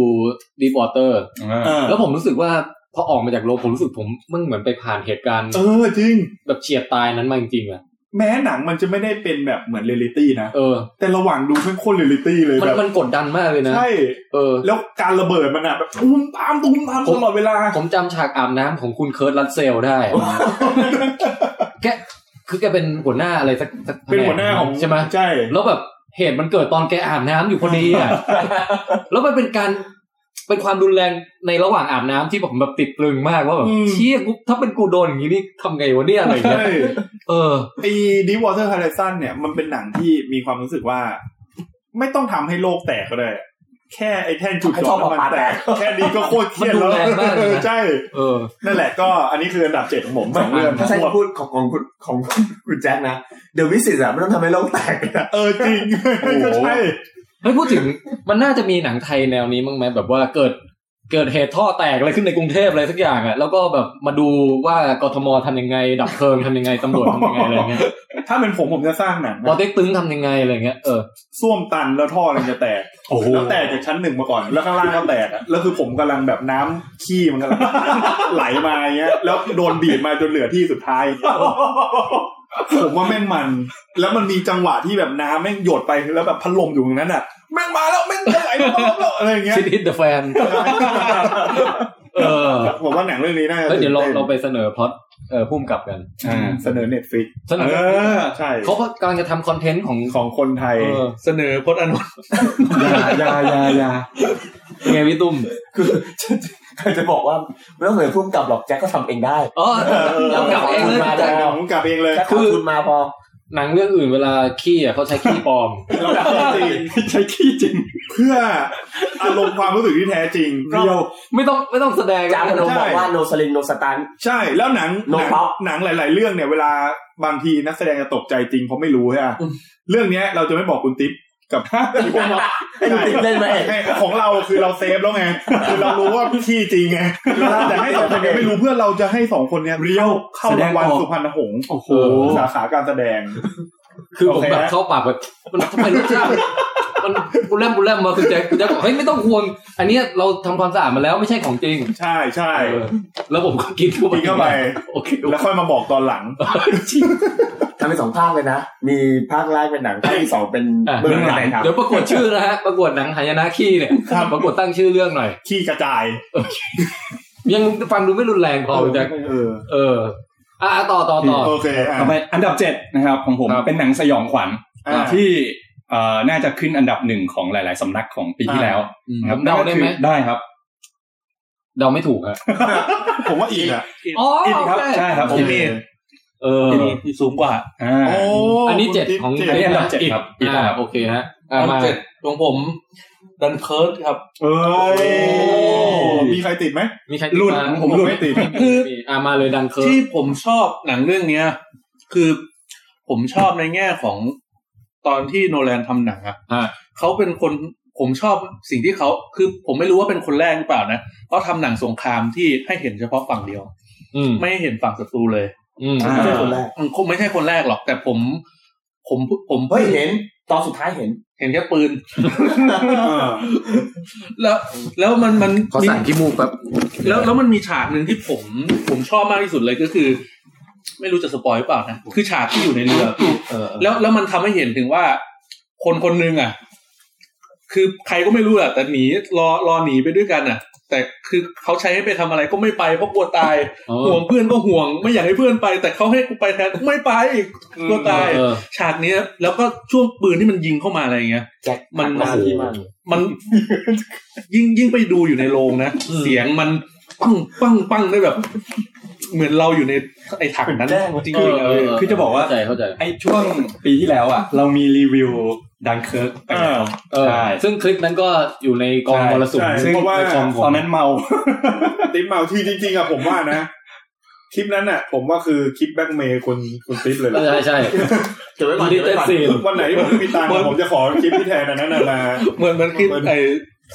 Speaker 1: Deep Water
Speaker 7: อ่า
Speaker 2: เออ
Speaker 1: แล้วผมรู้สึกว่าพอออกมาจากโรงผมรู้สึกผมมันเหมือนไปผ่านเหตุการณ์
Speaker 2: เออจริง
Speaker 1: แบบเฉียดตายนั้นมาจริงๆอ่ะ
Speaker 2: แม้หนังมันจะไม่ได้เป็นแบบเหมือนเรียลลิตี้นะ
Speaker 1: เออ
Speaker 2: แต่ระหว่างดูเป็นคนเรียลลิตี้เลย
Speaker 1: มัน
Speaker 2: แบบ
Speaker 1: มันกดดันมากเลยนะ
Speaker 2: ใช่
Speaker 1: เออ
Speaker 2: แล้วการระเบิดมันอ่ะแบบตุ้มตามตุ้มตาม
Speaker 1: ผม
Speaker 2: ตลอดเวลา
Speaker 1: ผมจำฉากอาบน้ำของคุณเคิร์ตรัสเซลได้
Speaker 2: [laughs]
Speaker 1: แกคือแกเป็นหัวหน้าอะไรสักสัก
Speaker 2: เป็นหัวหน้าของ
Speaker 1: ใช่ไหม
Speaker 2: ใช่
Speaker 1: แล้วแบบเหตุมันเกิดตอนแกอาบน้ำอยู่พอดีอ่ะ [laughs] แล้วมันเป็นการเป็นความรุนแรงในระหว่างอาบน้ำที่ผมแบบติดตรึงมากว่าแบบเชี่ยกูถ้าเป็นกูโดนอย่างนี้นี่ทำไงวะเนี่ยอะไรอย่างเงี้ย
Speaker 2: ใช่
Speaker 1: [laughs] เออ
Speaker 2: ไอ้ดิวอเตอร์ฮาร์เรซันเนี่ยมันเป็นหนังที่มีความรู้สึกว่า ไม่ต้องทำให้โลกแตกก็ได้ แค่ไอ้แท่นจุดจอดน้ำมันแตก แค่นี้ก็โคตรเครียดแล้ว
Speaker 1: มันรุนแรงมากเลยนะ
Speaker 2: ใช่
Speaker 1: เออ
Speaker 2: นั่นแหละก็อันนี้คืออันดับเจ็ดของผมสอง
Speaker 4: ไม่
Speaker 2: เรื่อง
Speaker 4: ถ้าใช่พูดของของคุณของคุณแจ็คนะเดอะวิสิตอะไม่ต้องทำให้โลกแตกนะ
Speaker 2: เออจริงก็ใช่
Speaker 1: เฮ้ยพูดถึงมันน่าจะมีหนังไทยแนวนี้มั้างไหมแบบว่าเกิดเกิดเหตุท่อแตกอะไรขึ้นในกรุงเทพอะไรสักอย่างอ่ะแล้วก็แบบมาดูว่ากทมทำยังไง ดับเพลิงทำยังไงตำรวจทำยังไงอะไร [laughs] เงี้ย
Speaker 2: ถ้าเป็นผมผมจะสร้างหนัง
Speaker 1: ปอ
Speaker 2: นะ
Speaker 1: เต็กตึงทำยังไงอะไรเงี้ยเออ [laughs]
Speaker 2: ส้วมตันแล้วท่ออะไรจะแตก
Speaker 7: โอ้โห
Speaker 2: แล้วแตกจากชั้นหนึ่งมาก่อน แล้วข้างล่างก็แตกอะแล้วคือผมกำลังแบบน้ำขี้มันกำลัง [laughs] ไหลมาอย่างเงี้ย แล้วโดนบีบมาจนเหลือที่สุดท้ายอย่างเงี้ยผมว่าแม่งมัน แล้วมันมีจังหวะที่แบบน้ำแม่งหยดไปแล้วแบบพัดลมอยู่ตรงนั้นอ่ะแม่งมาแล้วแม่งจะไหลมาแล้วอะไรอย่างเงี้ย
Speaker 1: ซิ t ิ t เดอะแฟ [laughs] นเออ
Speaker 2: ผมว่าหนังเรื่องนี้น่าจะ
Speaker 1: แล้วเดี๋ยวเรา
Speaker 2: ตื่นต้น
Speaker 1: เราไปเสนอพล็อตเออพุ่มกลับกัน
Speaker 7: อ่า
Speaker 2: เสนอเน็ตฟิก
Speaker 1: เสนอ
Speaker 7: เออ
Speaker 2: ใช่
Speaker 1: เขาก็กำลังจะทำคอนเทนต์ของ
Speaker 2: ของคนไทย
Speaker 1: เออ
Speaker 3: เสนอพจน์อานนท์
Speaker 7: ยายายา
Speaker 1: ไงพี่ตุ้ม
Speaker 4: คือก็จะบอกว่าไม่ต้องเหนื่อยพุ่มกลับหรอกแจ็คก็ทำเองได้
Speaker 1: อ๋อเรากลับเองเลย
Speaker 4: มาได้
Speaker 2: ผมกลับเองเลย
Speaker 4: แจ็คขาดทุนมาพอ
Speaker 1: หนังเรื่องอื่นเวลาขี้อ่ะเขาใช้ขี้ปลอม
Speaker 2: เรากลับเองจริง
Speaker 7: ใช้ขี้จริง
Speaker 2: เพื่ออารมณ์ความรู้สึกที่แท้จริง
Speaker 7: เรียว
Speaker 1: ไม่ต้องไม่ต้องแสดง
Speaker 4: จางพนม
Speaker 2: ใช่
Speaker 4: บอกว่าโนสลินโนสตัน
Speaker 2: ใช่แล้วหนังห
Speaker 4: No
Speaker 2: นัง
Speaker 4: problem
Speaker 2: หนังหลาย ๆ เรื่องเนี่ยเวลาบางทีนักแสดงจะตกใจจริงเพราะไม่รู้ใช่ไหมเรื่องเนี้ยเราจะไม่บอกคุณติ๊บ กับ [laughs] ห้านาที
Speaker 4: ไอ้หนูติดเล่นไหมเอง
Speaker 2: ใช่ของเราคือเราเซฟแล้วไงคือเรารู้ว่าพี่จริงไงแต่ให้สองคนเนี้ยไม่รู้เพื่อนเราจะให้สองคนเนี้ยเรียวเข้า
Speaker 7: แสด
Speaker 2: ราง ง
Speaker 7: อ
Speaker 2: วั
Speaker 7: อก
Speaker 2: ลสุพรรณหงส์
Speaker 7: โอ้โห
Speaker 2: สาขาการแสดง
Speaker 1: คือผม
Speaker 2: โอเค
Speaker 1: แบบ
Speaker 2: นะ
Speaker 1: เข้าปากแบบมันทำไมรู้สึกมันบุลแลมบุลแลมมาคือแจ็คแจ็คบอกเฮ้ยไม่ต้องห่วง อันเนี้ยเราทำความสะอาดมาแล้วไม่ใช่ของจริง
Speaker 2: ใช่ใช่
Speaker 1: เออแล้วผมก็กินเข้าไป
Speaker 2: กินเข้าไป
Speaker 1: โอเค
Speaker 2: แล้วค่อยมาบอกตอนหลัง
Speaker 4: ทำเป็นสองภาคเลยนะ มีภาคแรกเป็นหนังภาคที่สองเป็นเบื้องหลังครับ
Speaker 1: เดี๋ยวประกวดชื่อนะฮะประกวดหนังหายนะขี้เนี่ย
Speaker 2: ครับ
Speaker 1: ประกวดตั้งชื่อเรื่องหน่อย
Speaker 2: ขี้กระจาย
Speaker 1: ยังฟังดูไม่รุนแรงพอคุณแจ็ค
Speaker 2: เออ
Speaker 1: เอออ่ะอ่ะต่อต่อต่อ
Speaker 2: โอเคอ่ะ
Speaker 7: ต่อไปอันดับเจ็ดนะครับของผม
Speaker 1: ครับ
Speaker 7: เป็นหนังสยองขวัญ
Speaker 2: อ่า
Speaker 7: ที่เอ่อน่าจะขึ้นอันดับหนึ่งของหลาย ๆ สำนักของปีที่แล้ว
Speaker 1: ผมเดาได้ไหม
Speaker 7: นั่นก็คือได้ครับ
Speaker 1: เดาไม่ถูกฮะ
Speaker 2: ผมว่าอีกอ่ะ
Speaker 1: อ๋อ
Speaker 7: อิน
Speaker 1: โอ
Speaker 7: ครับ
Speaker 1: เค
Speaker 7: ใช่ครับ
Speaker 2: โอ
Speaker 7: อิน
Speaker 2: เค
Speaker 1: เออ
Speaker 3: ที่สูงกว่า
Speaker 7: อ่า
Speaker 2: โอ้
Speaker 1: อันนี้เจ็ดของ
Speaker 7: อันนี้อันดับเจ็ด
Speaker 1: อีก
Speaker 7: ครับ
Speaker 1: อ่าโอเคฮะอ่ะ
Speaker 3: อัน
Speaker 1: มา
Speaker 3: เจ็ดของผมดันเพิร์ดครับ
Speaker 2: เอ้ยมีใครติดไหม
Speaker 1: มีใคร
Speaker 7: หลุด
Speaker 1: มา
Speaker 7: ผมหลุด
Speaker 2: ไม่ติด
Speaker 3: คือ
Speaker 1: อ่ามาเลยดังเคิร์
Speaker 3: ที่ผมชอบหนังเรื่องเนี้ย คือผมชอบในแง่ของตอนที่โนแลนทำหนังอะ
Speaker 1: ฮะ
Speaker 3: เขาเป็นคนผมชอบสิ่งที่เขาคือผมไม่รู้ว่าเป็นคนแรกหรือเปล่านะเขาทำหนังสงครามที่ให้เห็นเฉพาะฝั่งเดียว
Speaker 1: อืม
Speaker 3: ไม่ให้เห็นฝั่งศัตรูเลย
Speaker 1: อืม
Speaker 7: อ่า
Speaker 4: ไม่ใช่คนแรก
Speaker 3: มันคงไม่ใช่คนแรกหรอก แต่ผม ผมผม
Speaker 4: เฮ้ยเห็น ตอนสุดท้ายเห็น
Speaker 3: เห็นแค่ปืน แล้วแล้วมันมัน
Speaker 8: ขอสั่ง
Speaker 3: มี
Speaker 8: ขี้มูกแบบ
Speaker 3: แล้วแล้วมันมีฉากหนึ่งที่ผม ผมชอบมากที่สุดเลยก็คือ ไม่รู้จะสปอยหรือเปล่านะคือฉากที่อยู่ในเรือ
Speaker 4: เออเออ
Speaker 3: แล้วแล้วมันทำให้เห็นถึงว่าคนคนหนึ่งอ่ะ คือใครก็ไม่รู้แหละแต่หนีรอรอหนีไปด้วยกันอ่ะ แต่คือเขาใช้ให้ไปทำอะไรก็ไม่ไปเพราะกลัวตาย
Speaker 1: อ๋อ
Speaker 3: ห่วงเพื่อนก็ห่วง ไม่อยากให้เพื่อนไป แต่เขาให้กูไปแทนก็ไม่ไปอีกกลัวตาย
Speaker 1: เออ
Speaker 3: ฉากเนี้ย แล้วก็ช่วงปืนที่มันยิงเข้ามาอะไรอย่างเงี้ย
Speaker 4: แจ็ค
Speaker 3: มัน
Speaker 4: หน้าที่มาก
Speaker 3: [laughs] มัน ยิ่งยิ่งไปดูอยู่ในโรงนะ เสียงมันปังปังปังได้แบบ เหมือนเราอยู่ในไอ้ถังนั้น จริงๆเลย
Speaker 7: คือจะบอกว่า
Speaker 1: เข้าใจเข้าใจ
Speaker 7: ไอช่วงปีที่แล้วอ่ะ เรามีรีวิวดังเคิร์กไปแล้ว
Speaker 1: เออ
Speaker 7: ใช่
Speaker 1: ซึ่งคลิปนั้นก็อยู่ในกองมรสุม
Speaker 2: ใช่
Speaker 7: ซึ่ง
Speaker 2: เพราะว่า
Speaker 7: ในคอมผมตอนนั้นเมา
Speaker 2: ติดเมาที่จริงๆอะผมว่านะ คลิปนั้นน่ะ ผมว่าคือคลิปแบ็กเมย์คนคนติดเลยแหละ
Speaker 1: ใช่ใช่
Speaker 4: เก็บไว้ก่อน
Speaker 1: ดิ
Speaker 4: เก็บ
Speaker 1: เตซี
Speaker 4: ไว้ก่อน
Speaker 1: น
Speaker 2: วันไหนที่ผมไม่มีตังค์ผมจะขอคลิปพี่แทนอันนั้นน่ะมา
Speaker 3: เหมือนเหมันคลิปไอ้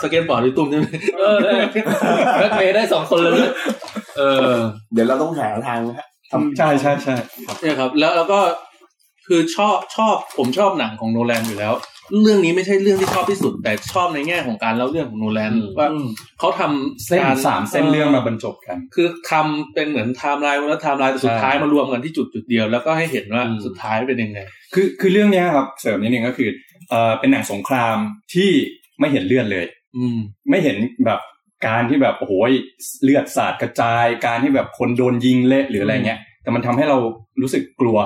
Speaker 3: สเก็ตบอร์ดที่ตุ้มใช่ไหม
Speaker 1: เออได้แบ็คเมย์ได้สองคนเลยนะเออ
Speaker 4: เดี๋ยวเราต้องหาทาง
Speaker 7: ใช่ใช่ใช่
Speaker 3: เนี่ยครับแล้วแล้วก็คือชอบชอบผมชอบหนังของโนแลนอยู่แล้ว เรื่องนี้ไม่ใช่เรื่องที่ชอบที่สุด แต่ชอบในแง่ของการเล่าเรื่องของโนแลน
Speaker 1: อืม
Speaker 3: ว่าเขาทำ
Speaker 7: เส้น
Speaker 3: กร
Speaker 7: สามเส้นเรื่องมาบรรจบกัน
Speaker 3: คือทำเป็นเหมือนไทม์ไลน์วันละไทม์ไลน์แต่สุด
Speaker 7: ใช่
Speaker 3: ท้ายมารวมกันที่จุดจุดเดียว แล้วก็ให้เห็นว่า
Speaker 1: อืม
Speaker 3: สุดท้ายเป็นยังไง
Speaker 7: คือคือเรื่องเนี้ยครับ เสริมนิดนึงก็คือเออเป็นหนังสงครามที่ไม่เห็นเลือดเลย
Speaker 3: อืม
Speaker 7: ไม่เห็นแบบการที่แบบโอ้โหเลือดสาดกระจาย การที่แบบคนโดนยิงเละหรืออะไรเงี้ย แต่มันทำให้เรารู้สึกกลัว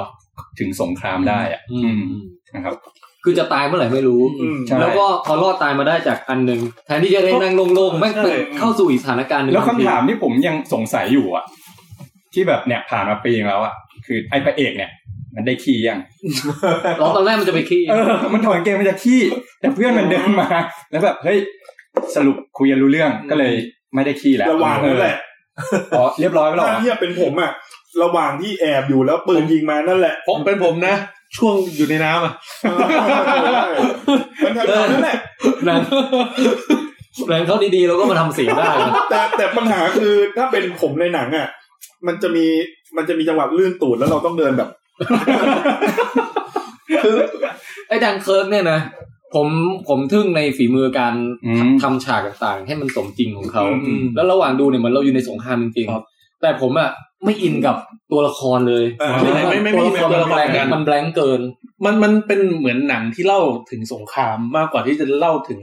Speaker 7: ถึงสงครามได้อะ
Speaker 1: อืม
Speaker 7: อืมนะครับ
Speaker 1: คือจะตายเมื่อไหร่ไม่รู้
Speaker 2: อืม
Speaker 7: ใช่
Speaker 1: แล้วก็พอรอดตายมาได้จากอันหนึ่งแทนที่จะได้นั่งโล่งๆแม่งไปเข้าสู่อีกสถานการณ์หนึ่ง
Speaker 7: แล้วคำถามที่ผมยังสงสัยอยู่อ่ะ ที่แบบเนี่ยผ่านมาปีนึงแล้วอ่ะคือไอ้พระเอกเนี่ย มันได้ขี้ยัง
Speaker 1: แล้วตอนแรกมันจะไปขี้
Speaker 7: เออ มันถอดกางเกงมันจะขี้ แต่เพื่อนมันเดินมา แล้วแบบเฮ้ยสรุปคุยกันรู้เรื่องก็เลยไม่ได้ขี้แล้ว
Speaker 2: ระหว่างนั่นแหละ
Speaker 7: เอออ๋อเรียบร้อยไปแล้วเหร
Speaker 2: ถ้า
Speaker 7: อ
Speaker 2: เทียบเป็นผมอะระหว่างที่แอบอยู่แล้วปืนยิงมานั่นแหละ
Speaker 3: ผมเป็นผมนะ ช่วงอยู่ในน้ำอ่ะ
Speaker 2: เออมันทำอย่างนั้นแหละ
Speaker 1: หนังหนังเขาดีๆเราก็มาทำเสียงได้นะ
Speaker 2: แต่แต่ปัญหาคือถ้าเป็นผมในหนังอะมันจะมีมันจะมีจังหวะลื่นตูดแล้วเราต้องเดินแบบ
Speaker 1: ไอ้ดังเคิร์กเนี่ยนะผมผมทึ่งในฝีมือการ
Speaker 7: อืม
Speaker 1: ทำฉากต่างๆ ให้มันสมจริงของเขา
Speaker 2: อืม
Speaker 1: แล้วระหว่างดูเนี่ยเหมันเราอยู่ในสงครามจริงๆแต่ผมอะไม่อินกับตัวละครเลย
Speaker 2: เออ
Speaker 1: รู้สึกว่า
Speaker 3: ไม่ไม่ไม่ไม่
Speaker 1: ตัว
Speaker 3: ตัว
Speaker 1: ละ
Speaker 3: ละ
Speaker 1: ครมัน
Speaker 3: คร
Speaker 1: แบง
Speaker 3: กัน
Speaker 1: ค์มันแบงค์เกิน
Speaker 3: มันมันเป็นเหมือนหนังที่เล่าถึงสงครามมากกว่าที่จะเล่าถึง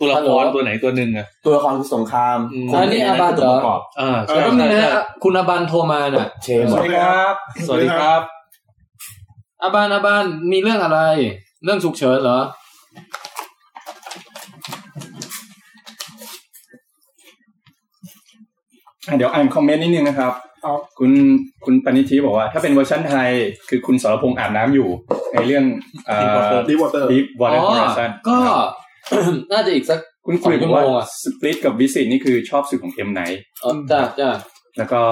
Speaker 3: ตัวละคร
Speaker 1: ฮัลโหล
Speaker 3: ตัวไหนตัวหนึ่งอ่ะ
Speaker 4: ตัวละครคือสงคราม
Speaker 3: อืม
Speaker 4: คเป็
Speaker 1: อันนี้อาบัติ
Speaker 4: คืตัวประกอบ
Speaker 3: อ่า
Speaker 2: เอ
Speaker 3: ใช่
Speaker 2: อ
Speaker 1: แล้ว
Speaker 3: ใช่
Speaker 1: นี่นะ
Speaker 3: ใช่
Speaker 1: ฮะคุณอาบานโทรมาน่ะ
Speaker 4: เชม
Speaker 2: ส
Speaker 4: อะ
Speaker 2: วัสดีครับ
Speaker 3: สวัสดีครับ
Speaker 1: อาบานอาบานมีเรื่องอะไร เรื่องฉุกเฉินเหรอ
Speaker 7: อ่ะเดี๋ยวอ่านคอมเมนต์นิดนึงนะครับ คุณคุณปณิธิบอกว่า ถ้าเป็นเวอร์ชันไทย คือคุณสรพงษ์อาบน้ำอยู่ ในเรื่องเอ่อ
Speaker 3: Deep
Speaker 2: ดีวอเตอร์
Speaker 7: Deep Water
Speaker 1: อ๋อ
Speaker 7: Horizon
Speaker 1: ก็ [coughs] น่าจะอีกสัก
Speaker 7: คุณกลุ่ยบอก
Speaker 1: ส
Speaker 7: ว่า
Speaker 1: องชั่วโมงอะ
Speaker 7: สปลิตกับวิสิตนี่คือชอบสุดของเอ็มไน
Speaker 1: เออจ้าจ้า
Speaker 7: แล้วก็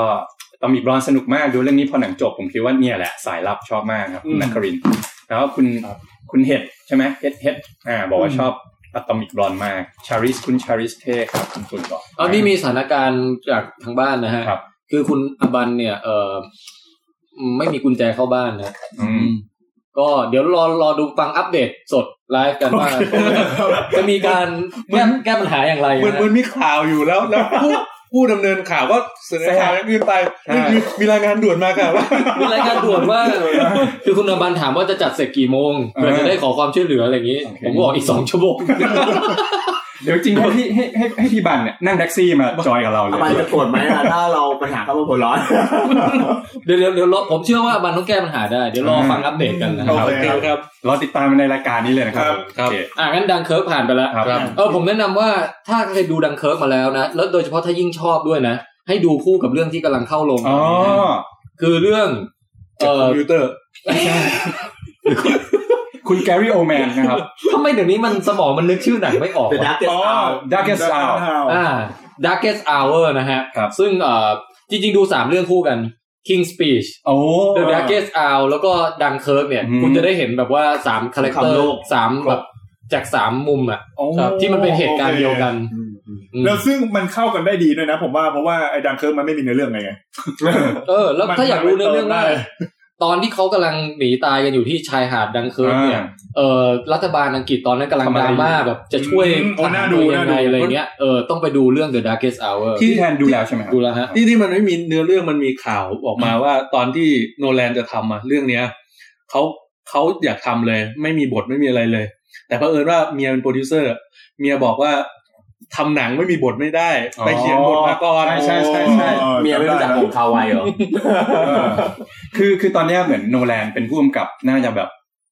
Speaker 7: ต้องมีบรอนสนุกมากดูเรื่องนี้พอหนังจบผมคิดว่าเนี่ยแหละ สายลับชอบมากครับคุณนักครินทร์ แล้วก็คุณคุณเห็ดใช่ไหมเห็ดเห็ดอ่า บอกว่าชอบอะตอมิกบอลมากชาริสคุณชาริสเท่ครับคุณตุนบอก
Speaker 1: เอานี่มีสถานการณ์จากทางบ้านนะฮะ
Speaker 7: ครับ
Speaker 1: คือคุณอบันเนี่ย เออไม่มีกุญแจเข้าบ้านนะ
Speaker 7: อืม
Speaker 1: ก็เดี๋ยวรอรอดูฟังอัปเดตสดไลฟ์กันว่าจะมีการแก้แก้ปัญหาอย่างไร
Speaker 3: เหมือน
Speaker 1: นะ
Speaker 3: เหมือนมีข่าวอยู่แล้ว แล้วผู้ผู้ดำเนินข่าวก็เสนอข่าวอย่างอื่นไป
Speaker 7: ใช่
Speaker 3: นี่มีมีรายงานด่วนมาค่ะว่า
Speaker 1: มีรายการด่วนว่า คือคุณอบันถามว่าจะจัดเสร็จกี่โมงเพื่อจะได้ขอความช่วยเหลืออะไรอย่างนี้
Speaker 7: โอเค
Speaker 1: ผมก็บอกอีกสองชั่วโมง
Speaker 7: เดี๋ยวจริงๆให้พี่ให้ให้ให้พี่บันเนี่ยนั่งแท็กซี่มาจอยกับเราเล
Speaker 4: อบัน
Speaker 7: ย
Speaker 4: จะโกรธไหมล่ะถ้าเราปัญหาเขาเป็นหัวร้อน
Speaker 1: เดี๋ยวเดี๋ยวเดี๋ยวรอผมเชื่อว่าอบันต้องแก้ปัญหาได้ เดี๋ยวรอฟังอัปเดตกันนะค
Speaker 2: โอ
Speaker 1: รับ
Speaker 2: เคครับ
Speaker 7: รอติดตามในรายการนี้เลยนะครับ
Speaker 2: ครับ
Speaker 7: โอเค
Speaker 1: อ่ะงั้นดังเคิร์ฟผ่านไปแล้ว
Speaker 7: ครับ
Speaker 1: เออผมแนะนำว่าถ้าใครดูดังเคิร์ฟมาแล้วนะ แล้วโดยเฉพาะถ้ายิ่งชอบด้วยนะ ให้ดูคู่กับเรื่องที่กำลังเข้าลงต
Speaker 7: อ๋
Speaker 1: อ
Speaker 7: อน
Speaker 1: นี้นะคือเรื่อง เอ่
Speaker 3: ค
Speaker 1: อ
Speaker 3: อมพิวเตอร์
Speaker 7: [laughs] คุณแกรี่โอแมนนะครับ
Speaker 1: ทำไมเดี๋ยวนี้มันสมองมันนึกชื่อหนังไม่ออก
Speaker 4: The
Speaker 1: วะ
Speaker 4: Darkest
Speaker 2: อ๋อ
Speaker 4: Hour
Speaker 7: Darkest Hour
Speaker 1: อ่า Darkest Hour นะฮะ
Speaker 7: ครับ
Speaker 1: ซึ่งเอ่อจริง ๆ ดูสามเรื่องคู่กัน King Speech
Speaker 7: โอ้
Speaker 1: The Darkest Hour แล้วก็ดังเคิร์ฟเนี่ย
Speaker 7: อืม
Speaker 1: คุณจะได้เห็นแบบว่าสามคาแรคเตอ
Speaker 4: ความ
Speaker 1: ร์
Speaker 4: โลก
Speaker 1: สามแบบจากสามมุมอ่ะ
Speaker 7: โอ้
Speaker 1: ครับที่มันเป็นเหตุการณ์เดียวกันอืม
Speaker 2: แล้วซึ่งมันเข้ากันได้ดีด้วยนะ ผมว่าเพราะว่าไอ้ดังเคิร์มันไม่มีในเรื่องไง
Speaker 1: เออ แล้ว
Speaker 2: มัน
Speaker 1: ถ้าอยากรู้เรื่องเรื่อง
Speaker 2: มัน
Speaker 1: ว่า
Speaker 2: เติมได้
Speaker 1: ตอนที่เขากำลังหนีตายกันอยู่ที่ชายหาดดังเคิร์ฟเนี่ย เออรัฐบาลอังกฤษตอนนั้นกำลัง
Speaker 7: ทำอะ
Speaker 1: ด
Speaker 7: ไร
Speaker 1: ราม่า
Speaker 7: อยู่
Speaker 1: แบบจะช่วย
Speaker 2: อืมโอ้น่าดู
Speaker 1: ทหรยังไง
Speaker 2: น่าดู
Speaker 1: อะไรเงี้ยเออต้องไปดูเรื่อง The Darkest Hour
Speaker 7: ที่แทนดูแล้วใช่ไหมครับ
Speaker 1: ดูแล้วฮะ
Speaker 3: ที่ที่มันไม่มีเนื้อเรื่องมันมีข่าวออกมาว่าตอนที่โนแลนจะทำอะเรื่องเนี้ยเขาเขาอยากทำเลย ไม่มีบทไม่มีอะไรเลย แต่เผอิญว่าเมียเป็นโปรดิวเซอร์เมียบอกว่าทำหนังไม่มีบทไม่ได้ ไปเขียนบทมาก่อน
Speaker 7: ใช่ใช่ใช่ใช่
Speaker 4: เมียไม่รู้จักผมคาไวเหรอ
Speaker 7: คือคือตอนเนี้ยเหมือนโนแลนเป็นผู้กำกับน่าจะแบบ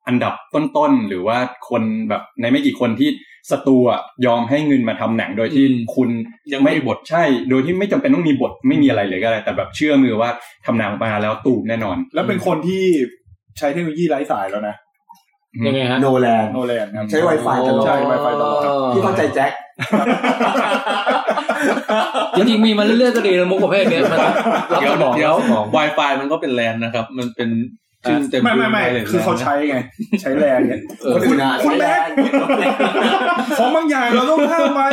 Speaker 7: อันดับต้นๆ หรือว่าคนแบบในไม่กี่คนที่สตูอะยอมให้เงินมาทำหนังโดยที่
Speaker 3: อืม
Speaker 7: คุณ
Speaker 3: ยังไม่มีบท
Speaker 7: ใช่ โดยที่ไม่จำเป็นต้องมีบทไม่มีอะไรเลยก็ได้แต่แบบเชื่อมือว่าทำหนังมาแล้วตูมแน่นอน
Speaker 2: แล้วเป็นคนที่ใช้เทคโนโลยีไร้สายแล้วนะ
Speaker 1: ยังไงฮะ
Speaker 4: โนแลน
Speaker 2: โนแลนครับ
Speaker 4: ใช้ Wi-Fi ตลอด
Speaker 2: ใช่ Wi-Fi ตลอด
Speaker 4: พี่เข้าใจแจ็ค
Speaker 1: จริงๆมีมาเรื่อยๆก็ดีนะมุกประเภทเนี้ยมันรับ
Speaker 3: เดี๋
Speaker 1: ส
Speaker 3: ยว
Speaker 1: มอง
Speaker 3: เดี๋ย
Speaker 1: แล้ว วสมอง
Speaker 3: Wi-Fi มันก็เป็นแลนนะครับ มันเป็นชื่อเต็ม
Speaker 2: ไม่ไม่ไม่
Speaker 3: ชื่ลยนะ
Speaker 2: คือเขาใช้ไง ใช้แลนเนี่ย
Speaker 1: เออ
Speaker 4: คุณอะ
Speaker 2: คุณแม่
Speaker 4: ใช้แล
Speaker 7: [laughs]
Speaker 4: น
Speaker 2: ของบางอย่างเราต้องห้ามไว้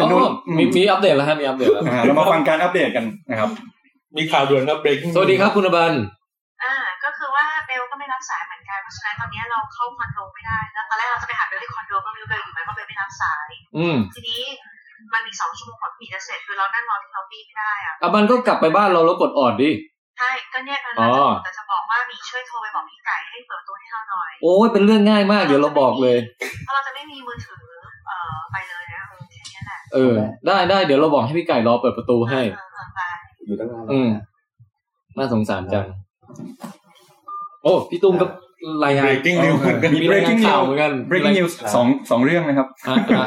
Speaker 1: อ๋อมีมีอัปเดตแล้วฮะมีอัปเดตแล้ว
Speaker 7: อ่าเรามาฟังการอัปเดตกันนะครับ
Speaker 3: มีข่าวด่วนครับ breaking
Speaker 1: สวัสดีครับคุณอบัน
Speaker 9: อ่าก็คือว่าเบลก็ไม่รับสายเหมือนกันเพราะฉะนั้นตอนเนี้ยเราเข้าคอนโดไม่ได้ แล้วตอนแรกเราจะไปหาเบลที่คอนโดก็ไม่รู้เบลอยู่ไหมก็เบลไม่รับสาย
Speaker 1: อืม
Speaker 9: ทีนี้มันอีกสองชั่วโมงกว่าผีจะเสร็จคือเรานั่งรอที่ล็อบบี้ไม่ได้อ่ะ
Speaker 1: อบันก็กลับไปบ้านเราแล้วกดออดดิ
Speaker 9: ใช่ก็เนี่ยกำลังจะบอกแต่จะบอกว่ามีช่วยโทรไปบอกพี่ไก่ให้เปิดประตัวให้เราหน่อย
Speaker 1: โอ้ยเป็นเรื่องง่ายม [laughs] ากเดี๋ยวเราบอกเลย
Speaker 9: เพราะเราจะไม่มีมือถือเอ่อไปเลยนะเออแค่เนี้ยแหละ
Speaker 1: เออ ได้ได้เดี๋ยวเราบอกให้พี่ไก่รอเปิดประตูให้
Speaker 9: เออเออไป
Speaker 4: อยู่ตั้งนานแล้ว
Speaker 1: อืมน่าสงสารจัง โอ้พี่ตุ้มก็รายงาน
Speaker 3: breaking news เหมือนกัน
Speaker 1: มีรายงาน
Speaker 7: breaking
Speaker 1: ข่าว
Speaker 7: news
Speaker 1: เหมือนกัน
Speaker 7: breaking news สองสองเรื่องนะครับ
Speaker 1: อ่ะอ่ะ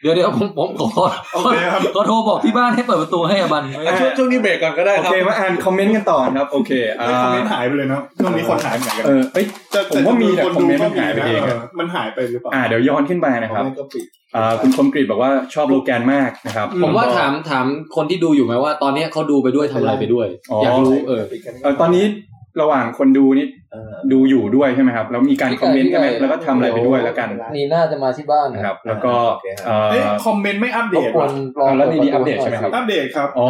Speaker 1: เดี๋ยวเดี๋ยวผมผมขอ
Speaker 2: โอเคครับ
Speaker 1: ขอโทรบอกที่บ้านให้เปิดประตูให้อบันไว้
Speaker 3: อ่ะช่วงช่วงนี้เบรกก่อนก็ได้
Speaker 7: โอ
Speaker 3: ครับ
Speaker 7: เคมาอ่านคอมเมนต์กันต่อนะครับ โอเคอ่า
Speaker 2: คอมเมนต์หายไปเลยเนาะช่วงนี้คนหายไปไหนกัน
Speaker 7: เออเอ้ย
Speaker 2: แต่
Speaker 7: ผมว่ามีแต่
Speaker 2: คน
Speaker 7: คอมเมนต์มันหายไป
Speaker 2: ก็
Speaker 7: เองอะ
Speaker 2: มันหายไปหรือเปล่า
Speaker 7: อ่าเดี๋ยวย้อนขึ้นไปนะครับ
Speaker 4: ก็ปิด
Speaker 7: อ่าคุณคมกรีบอกว่าชอบโลแกนมากนะครับ
Speaker 1: ผมว่าถามถามคนที่ดูอยู่ไหมว่า ตอนเนี้ยเขาดูไปด้วยทำอะไรไปด้วย
Speaker 7: อ๋ออ
Speaker 1: อยากรู้เออ
Speaker 7: เอ่อตอนนี้ระหว่างคนดูนี่
Speaker 4: เออ
Speaker 7: ดูอยู่ด้วยใช่ไหมครับ แล้วมีการคอมเมนต์กันไหม
Speaker 1: ใช่
Speaker 7: แล้วก็ทำอะไรไปด้วยแล้วกัน
Speaker 1: นี่น่าจะมาที่บ้าน
Speaker 7: นะครับ แล้วก็
Speaker 4: โอเคครับ
Speaker 7: เอ่อ
Speaker 2: เอ้ยคอมเมนต์ไม่อัปเดต
Speaker 1: คว
Speaker 2: ว่ะ
Speaker 1: รลอง
Speaker 7: เอาแล้วนี่อัปเดตใช่ไหมครับ
Speaker 2: อัปเดตครับ
Speaker 7: อ๋อ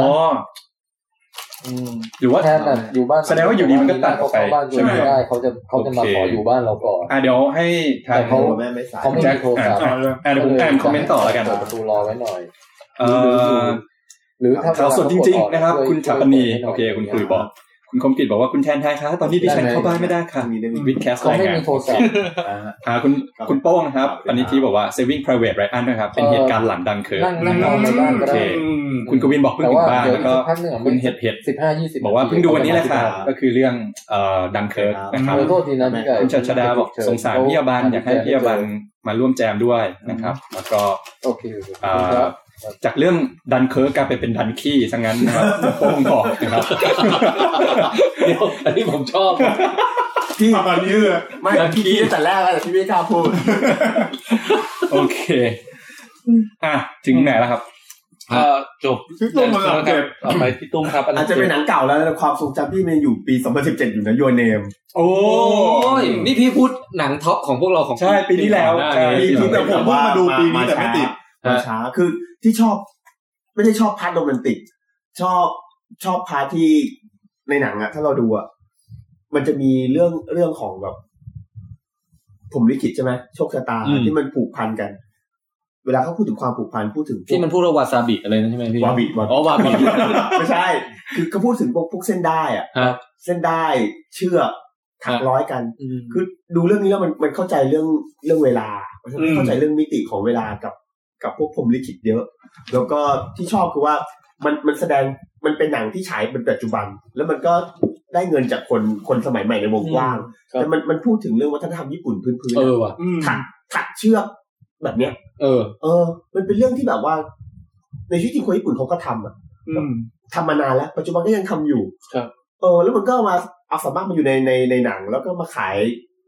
Speaker 1: อืม
Speaker 7: หรือว่า
Speaker 1: แค่นั้นอยู่บ้าน
Speaker 7: แสดงว่าอยู่ดีมันก็ตัดออกไป
Speaker 1: เขาเข้าบ้าน
Speaker 7: ใช่ไหม
Speaker 1: ไม่ได้เขาจะเขาจะมา
Speaker 7: โอเค
Speaker 1: ขออยู่บ้านเราก่อน
Speaker 7: อ่าเดี๋ยวให้ทาง
Speaker 1: แต่เขา
Speaker 4: แม่ไม่สาย
Speaker 1: เขาไม่
Speaker 7: แจ็
Speaker 1: มี
Speaker 7: ค
Speaker 1: โทรศัพท์
Speaker 7: อ่าอ่าเดี๋ยวผมอ่านคอมเมนต์ต่อแล้วกัน
Speaker 1: เปิดประตูรอไว้หน่อย
Speaker 7: เอ่อ
Speaker 1: หรือถ้า
Speaker 7: ข่าวสดจริง ๆ นะครับ
Speaker 1: ช่วย
Speaker 7: คุณถัปนีโอเค คุณคุยบอก คุณคมกิจบอกว่าคุณแทนไทยคะตอนนี้ดิฉันเข้าบ้านไม่ได้ค่ะ
Speaker 4: มีได้มี
Speaker 7: วิดแคสต์
Speaker 1: เขา
Speaker 7: ราย
Speaker 1: ไม่
Speaker 7: งาน
Speaker 1: มีโทรศัพท์
Speaker 4: อ่า
Speaker 7: อ่าคุณ
Speaker 4: ครับ
Speaker 7: คุณโป้งนะครับ
Speaker 4: ครับ
Speaker 7: ปณิธิบอกว่า saving private Ryan นะครับ เป็น
Speaker 1: เอ่อ
Speaker 7: เหตุการณ์หลังดังเคิร์ฟ
Speaker 1: นั่งนั่งนอนในบ้านก็ได้
Speaker 7: โอเค คุณกวินบอกเพิ่ง
Speaker 1: แต่
Speaker 7: ถึ
Speaker 1: ว่าง
Speaker 7: บ้าน
Speaker 1: เดี๋ยวอีก
Speaker 7: แล้วก็
Speaker 1: สักพักหนึ่งอะ
Speaker 7: คุ
Speaker 1: มัน
Speaker 7: ณเห็ดเห็ด
Speaker 1: สิบห้ายี่สิบ
Speaker 7: บอกว่าเพิ่งดูวันนี้แหละค่ะ ก็คือเรื่องเอ่อดังเคิร์ฟนะครับ
Speaker 1: ขอโทษทีนะพี่ไก่
Speaker 7: คุณชัชดาบอกสงสารพี่ยาบันอยากให้พี่ยาบันมาร่วมแจมด้วยนะครับ แล้วก็
Speaker 1: โอเค
Speaker 7: เอ่อจากเรื่องดันเคิร์กกลายไปเป็นดันขี้ซะงั้น [laughs] นะครับ โป้งบอกนะครับ
Speaker 1: เดี๋ยวอันนี้ผมชอบ
Speaker 2: ที่ประมาณนี้เลย
Speaker 4: ไม่พี่คิดตั้งแต่แรกแล้วแต่พี่ไม่กล้าพูด
Speaker 7: โอเค อ่ะ ถึงไหนแล้วครับ
Speaker 3: ก็จบ
Speaker 2: พี่ตุ้มมา
Speaker 3: แล้วค
Speaker 2: เก็
Speaker 3: รับบ ต่อไปพี่ตุ้มครับ
Speaker 4: อาจจะเป็นหนังเก่าแล้วแต่ความทรงจำพี่มันอยู่ปี 2017 อยู่นะโยเนม
Speaker 7: โอ้
Speaker 8: โอ้ยนี่พี่พูดหนังท็อปของพวกเราของ
Speaker 7: ใช่ปีที่แล้ว
Speaker 8: หน้า
Speaker 7: ใช่
Speaker 8: นี้
Speaker 7: ที่
Speaker 2: แต่ผมเพิ่งมาดูปีนี้แต่ไม่ติด
Speaker 4: มาช้าคือที่ชอบ ไม่ได้ชอบพาร์ทโรแมนติก ชอบชอบพาร์ทที่ในหนังอะถ้าเราดูอะมันจะมีเรื่องเรื่องของแบบผมลิขิตใช่ไหมโชคชะตา
Speaker 2: อืม
Speaker 4: ที่มันผูกพันกัน เวลาเขาพูดถึงความผูกพันพูดถึงพวก
Speaker 8: ที่มันพูดว่าวาซาบิอะไรนั่นใช่ไหมพี่
Speaker 4: วาบิวาบิ
Speaker 8: อ๋อวาบิ
Speaker 4: ไม่ใช่ คือก็พูดถึงพวกพวกเส้นได้อะ
Speaker 8: ฮะ
Speaker 4: เส้นได้เชือกถัก
Speaker 8: ฮะ
Speaker 4: ร้อยกัน คือดูเรื่องนี้แล้วมันมันเข้าใจเรื่องเรื่องเวลา เข้าใจเรื่องมิติของเวลากับกับพวกพรหมลิขิตเยอะ แล้วก็ที่ชอบคือว่ามันมันแสดงมันเป็นหนังที่ฉายเป็นปัจจุบัน แล้วมันก็ได้เงินจากคนคนสมัยใหม่ในวงกว้าง
Speaker 8: ครับ
Speaker 4: แต่มันมันพูดถึงเรื่องวัฒนธรรมญี่ปุ่นพื้นๆ
Speaker 8: เอ
Speaker 4: อะ
Speaker 8: อว่ะ
Speaker 2: อืม
Speaker 4: ถักถักเชือกแบบเนี้ย
Speaker 8: เออ
Speaker 4: เออ มันเป็นเรื่องที่แบบว่า ในชีวิตจริงคนญี่ปุ่นเขาก็ทำอะ
Speaker 2: อืม
Speaker 4: ทำมานานแล้ว ปัจจุบันก็ยังทำอยู่
Speaker 8: ครับ
Speaker 4: เออ แล้วมันก็เอามาเอาสามารถมาอยู่ในในในหนัง แล้วก็มาขาย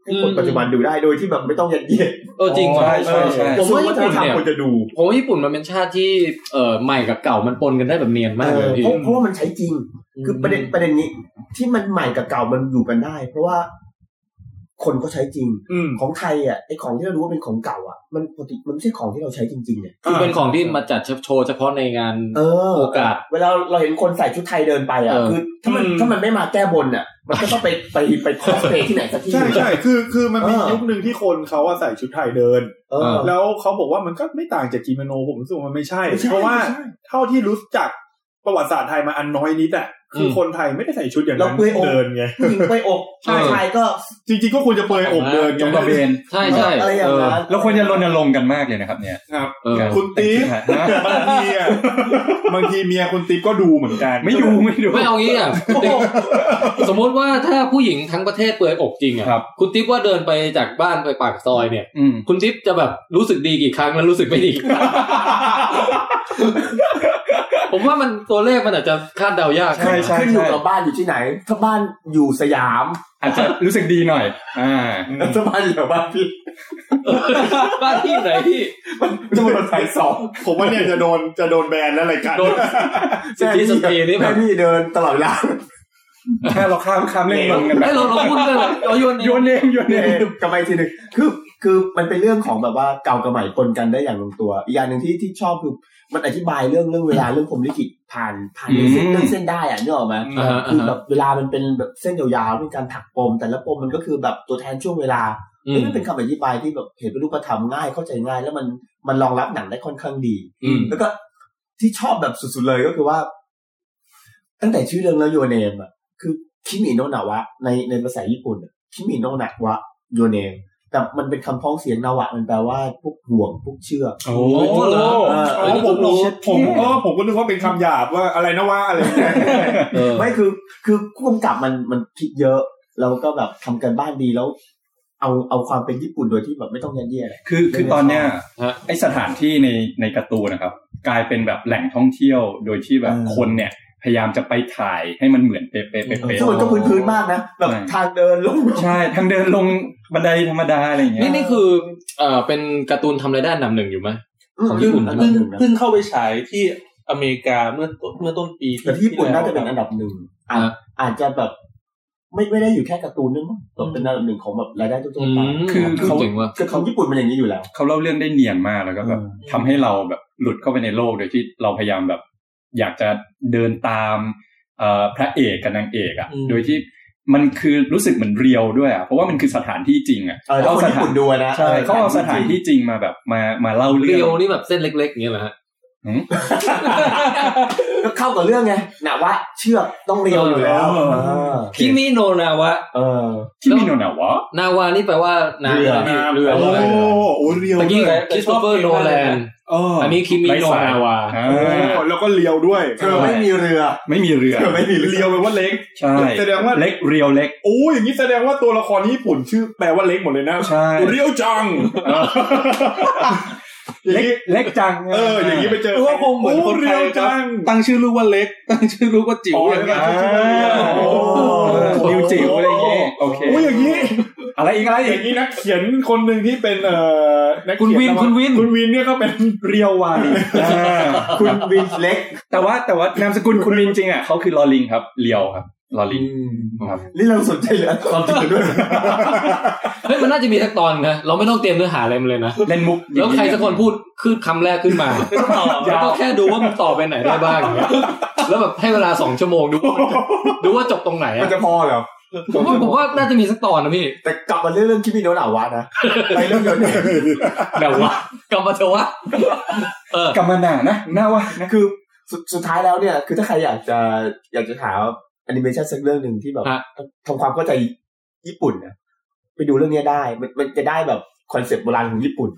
Speaker 4: ให้คน
Speaker 8: อืม
Speaker 4: ปัจจุบันดูได้โดยที่แบบไม่ต้องยัดเยียด
Speaker 8: เออจริง
Speaker 7: ใช่
Speaker 8: ว่ะ
Speaker 7: ใช่ใช่
Speaker 8: ผมว่าญี่
Speaker 4: ว่า
Speaker 8: ปุ่น
Speaker 4: ถ้า
Speaker 8: เนี่ย
Speaker 4: ทำคนจะดู
Speaker 8: เพราะว่าญี่ปุ่นมันเป็นชาติที่เอ่อใหม่กับเก่ามันปนกันได้แบบเนียนมาก
Speaker 4: เอ
Speaker 8: เลย
Speaker 4: อ
Speaker 8: พี่
Speaker 4: เพราะเพราะว่ามันใช้จริง คือประเด็นประเด็นนี้ ที่มันใหม่กับเก่ามันอยู่กันได้ เพราะว่าคนก็ใช้จริง
Speaker 2: อืม
Speaker 4: ของไทยอ่ะไอของที่เรารู้ว่าเป็นของเก่าอ่ะมันปกติมันไม่ใช่ของที่เราใช้จริงๆเนี่ย
Speaker 8: คือเป็นของที่มาจัดโชว์เฉพาะในงาน
Speaker 4: เออ
Speaker 8: โอกาส
Speaker 4: เวลาเราเห็นคนใส่ชุดไทยเดินไปอ่ะ
Speaker 8: เออ
Speaker 4: คือถ้ามัน
Speaker 2: อืม
Speaker 4: ถ้ามันไม่มาแก้บนอ่ะ มันก็ต้องไปไปไปคอสเพลย์ที่ไหนสักที่
Speaker 2: ใช่ใช่คือคือมันมี
Speaker 4: เออ
Speaker 2: ยุคหนึ่งที่คนเขาอะใส่ชุดไทยเดิน
Speaker 4: เออ
Speaker 2: แล้วเขาบอกว่ามันก็ไม่ต่างจากกิโมโนผมรู้สึกว่ามันไม่ใช่
Speaker 4: ไม่ใช่
Speaker 2: เพราะว่า
Speaker 4: ไม่ใช่
Speaker 2: เท่าที่รู้จักประวัติศาสตร์ไทยมาอันน้อยนิดอะคือคนไทยไม่ได้ใส่ชุดอย่าง
Speaker 4: เรา
Speaker 2: นั้น
Speaker 4: เปลือยอก
Speaker 2: เดินไง
Speaker 4: ผู้หญิงเปลือยอก
Speaker 8: ใช่
Speaker 4: ชายก็
Speaker 2: จริงๆก็ควรจะเปลือยอกเดิน
Speaker 7: จ
Speaker 2: ไง
Speaker 7: งกระเบน
Speaker 8: ใช่ใช่
Speaker 4: อะไรอย่าง
Speaker 8: เออ
Speaker 4: นั้น
Speaker 7: เราควรจะรณรงค์กันมากเลยนะครับ เนี่ย
Speaker 2: ครับ
Speaker 8: เออ
Speaker 2: คุณติ๊ก
Speaker 7: ฮะ
Speaker 2: บางทีอะบางทีเมียคุณติ๊กก็ดูเหมือนกัน
Speaker 7: ไม่ดูไม่ดู
Speaker 8: ไม่เอางี้อ่ะ สมมติว่าถ้าผู้หญิงทั้งประเทศเปลือยอกจริงอ่ะ
Speaker 7: ครับ
Speaker 8: คุณติ๊บว่าเดินไปจากบ้านไปปากซอยเนี่ย
Speaker 7: อืม
Speaker 8: คุณติ๊บจะแบบรู้สึกดีกี่ครั้งแล้วรู้สึกไม่ดี [laughs] ผมว่ามันตัวเลขมันอาจจะคาดเดายาก
Speaker 7: ใช่ใช่
Speaker 4: ขึ้นอยู่กับบ้านอยู่ที่ไหน ถ้าบ้านอยู่สยาม
Speaker 7: อาจจะรู้สึกดีหน่อย อ่า
Speaker 4: ถ้าบ้านอยู่แถวบ้านพี่
Speaker 8: [laughs] บ้านที่ไหนพี่
Speaker 4: มันจะเป็นสายสอง
Speaker 2: ผมว่าเนี่ยจะโดนจะโดนแบนแล้วรายการ
Speaker 8: โดน สิทธิสตรีนี่แบ
Speaker 4: แม่
Speaker 8: บ
Speaker 4: พี่เดินตลอดเวลา
Speaker 7: ถ้าเราข้ามข้ามเรื่องมันกันแบ
Speaker 8: ให้
Speaker 7: บ
Speaker 8: เราเราพูดเลยเหรอเอาโยน
Speaker 7: โยนเองโยนเอง
Speaker 4: กลับไปทีหนึ่งคือคือมันเป็นเรื่องของแบบว่าเก่ากับใหม่ปนกันได้อย่างลงตัวอีกอย่างหนึ่งที่ที่ชอบคือมันอธิบายเรื่องเรื่องเวลาเรื่องผมลิขิตผ่านผ่านเรื่องเส้นเรื่องเส้นได้อ่ะนึกออกไหม
Speaker 8: อ่าฮะ
Speaker 4: คือ
Speaker 8: อ่า
Speaker 4: แบ
Speaker 8: ฮะ
Speaker 4: บเวลามันเป็นแบบเส้นยาวๆเป็นการถักปม แต่ละปมมันก็คือแบบตัวแทนช่วงเวลา
Speaker 8: อืม
Speaker 4: เฮ้ยมันเป็นคำอธิบายที่แบบเห็นเป็นรูปธรรมง่ายเข้าใจง่าย แล้วมันมันรองรับหนังได้ค่อนข้างดี
Speaker 8: อืม
Speaker 4: แล้วก็ที่ชอบแบบสุดๆเลยก็คือว่า ตั้งแต่ชื่อเรื่องแล้วโยเนมอ่ะคือคิมิโนะนาวะ ในในภาษาญี่ปุ่นอะคิมิโนะนาวะโยเนมแต่มันเป็นคำพ้องเสียงนาวะ มันแปลว่าพวกห่วงพวกเชือก
Speaker 7: โอ้
Speaker 8: โอ้โหเหรอ
Speaker 4: เออ
Speaker 2: อ๋อผมรู้ผมเออผมก็นึกว่าเป็นคำหยาบว่าอะไรนะว่าอะไรอย่างเงี้ย
Speaker 8: เออ
Speaker 4: ไม่คือคือผู้กำกับมันมันคิดเยอะ แล้วก็แบบทำกันบ้านดีแล้ว เอาเอาความเป็นญี่ปุ่นโดยที่แบบไม่ต้องยัดเยียด
Speaker 7: คือคือตอนเนี้ย
Speaker 8: ฮะ
Speaker 7: ไอสถานที่ในในการ์ตูนนะครับ กลายเป็นแบบแหล่งท่องเที่ยว โดยที่แบบ
Speaker 4: เออ
Speaker 7: คนเนี่ย พยายามจะไปถ่ายให้มันเหมือนเป๊ะๆเป๊ะๆ
Speaker 4: ซึ่งมันก็พื้นๆมากนะแบบ
Speaker 7: ใช่
Speaker 4: ทางเดินลง
Speaker 7: ใช่ทางเดินลงบันไดธรรมดาอะไรอย่างเงี้
Speaker 8: นี่
Speaker 7: ย
Speaker 8: นี่คือเอ่อเป็นการ์ตูนทำรายได้อันดับหนึ่งอยู่ไหม ของญี่ปุ่น
Speaker 4: อัดั
Speaker 3: เพิ่
Speaker 4: บ
Speaker 3: ง
Speaker 4: หนึ่งนะ
Speaker 3: เพิ่งเข้าไปฉายที่อเมริกาเมื่อต้นเมื่อต้นปี
Speaker 4: แต่ที่ญี่ปุ่นน่าจะเป็นอัน
Speaker 3: บ
Speaker 4: ดับหนึ่งอาจอาจจะแบบ ไม่ไม่ได้อยู่แค่การ์ตูนนึงมั้งแบบเป็นอันดับหนึ่งของแบบรายได้ทั่วๆไป
Speaker 7: คือเขา
Speaker 8: เจ๋งว่ะ
Speaker 4: คือของญี่ปุ่นมันอย่างนี้อยู่แล้ว
Speaker 7: เขาเล่าเรื่องได้เนียนมากแล้วก็แบบ
Speaker 4: อืม
Speaker 7: ทำให้เราแบบหลุดเข้าไปในโลกโดยที่เราพยายามแบบ อยากจะเดินตามเอ่อพระเอกกับนางเอกอะ่ะ โดยที่มันคือรู้สึกเหมือนเรียวด้วยอะ่ะเพราะว่ามันคือสถานที่จริงอะ
Speaker 4: เออแล้ว
Speaker 7: เอา
Speaker 4: คน
Speaker 7: ส
Speaker 4: ญี่
Speaker 7: ถาน
Speaker 4: ปุ่นดูนะ
Speaker 7: ใช่เขาเอาสถานที่จริงมาแบบมามาเล่าเรื่
Speaker 8: เรี
Speaker 7: อยง
Speaker 8: วนี่แบบเส้นเล็กๆอย่างเงี้ยเหรอฮะ
Speaker 4: ก็เข้ากับเรื่องไงนะว่าเชือกต้องเรียวอยู่แล้ว
Speaker 2: เออ
Speaker 4: เออ
Speaker 8: คิมิโนนาวะ
Speaker 4: เออ
Speaker 7: ที่มีโนนาวะ
Speaker 8: นาวานี่แปลว่าน้ำ
Speaker 4: เรือ
Speaker 8: นะพี่เรือ
Speaker 2: โอ้
Speaker 8: เรือ
Speaker 2: โหเรียว
Speaker 8: ตะ
Speaker 2: ด้
Speaker 8: กี้
Speaker 2: วย
Speaker 8: คริสโตเฟอร์โนแลน
Speaker 7: เออ
Speaker 8: อั
Speaker 7: อั
Speaker 8: นนี้คิมิโนนาวา
Speaker 7: อ่า
Speaker 2: เออแล้วก็เรียวด้วย
Speaker 4: เธอไม่มีเรือ
Speaker 7: ไม่มีเรือ
Speaker 4: เออไม่มี
Speaker 2: เรียวแปลว่าเล็ก
Speaker 7: ใช่
Speaker 2: แสดงว่า
Speaker 7: เล็กเรียวเล็ก
Speaker 2: โอ้ยอย่างนี้แสดงว่าตัวละครญี่ปุ่นชื่อแปลว่าเล็กหมดเลยนะ
Speaker 7: ใช่
Speaker 2: เรียวจัง
Speaker 7: เล็กเล็กจัง
Speaker 2: เออ อย่างนี้ไปเจอ
Speaker 3: ก็คงเหมือนคนไท
Speaker 2: เรีย
Speaker 3: ยวครับ
Speaker 2: จัง
Speaker 3: ตั้งชื่อลูกว่าเล็ก [laughs] ตั้งชื่อลูกว่าจิ๋ว
Speaker 2: อ๋อ
Speaker 3: อย่าง
Speaker 2: แล้
Speaker 3: เงี้
Speaker 2: วย ก็ชื่อเรียว
Speaker 7: อ่า
Speaker 2: โอ้โห
Speaker 7: นิวจิ๋วอะไรอย่างเงี้ยโอเค
Speaker 2: โอ้ยอย่างนี้
Speaker 7: อะไรอีกอะไรอี
Speaker 2: อก ย่างนี้นักเขียนคนหนึ่งที่เป็นเอ่อนักเขีย
Speaker 1: คุณวินคุณวิน
Speaker 2: คุณวินเนี่ยก็เป็น
Speaker 7: เรียววาลีอ่า
Speaker 4: คุณวินเล็ก
Speaker 7: แต่ว่าแต่ว่านามสกุลคุณมินจริงอ่ะเขาคือลอลิงครับเรียวครับลอลิงครับ
Speaker 4: นี่เราสนใจเหลือความจริงด้วย
Speaker 1: เฮ้ยมันน่าจะมีสักตอนนะเราไม่ต้องเตรียมเนื้อหาอะไรมาเลยนะ
Speaker 7: เล่นมุก
Speaker 1: แล้วใครสักคนพูดขึ้นคำแรกขึ้นมาแล้วก็แค่ดูว่ามันต่อไปไหนได้บ้างอย่างเงี้ยแล้วแบบให้เวลาสองชั่วโมงดูว่ามันจะดูว่าจบตรงไหน
Speaker 4: มัน
Speaker 1: อะ
Speaker 4: จะพอเหรอ
Speaker 1: ผมว่าผมว่าน่าจะมีสักตอนนะพี่
Speaker 4: แต่กลับมาเรื่องเรื่องคิมิโนะหลาวะนะไปเรื่องเดียวเนี่ย
Speaker 1: แต่ว่ากลับมาเถอะวะเออก
Speaker 7: ำมะหนานะหน้าว่านะ
Speaker 4: คือสุดสุดท้ายแล้วเนี่ย คือถ้าใครอยากจะอยากจะหาแอนิเมชันสักเรื่องหนึ่งที่แบบทำความเข้าใจญี่ปุ่นนะไปดูเรื่องเนี้ยได้มันมันจะได้แบบคอนเซปต์โบราณของญี่ปุ่น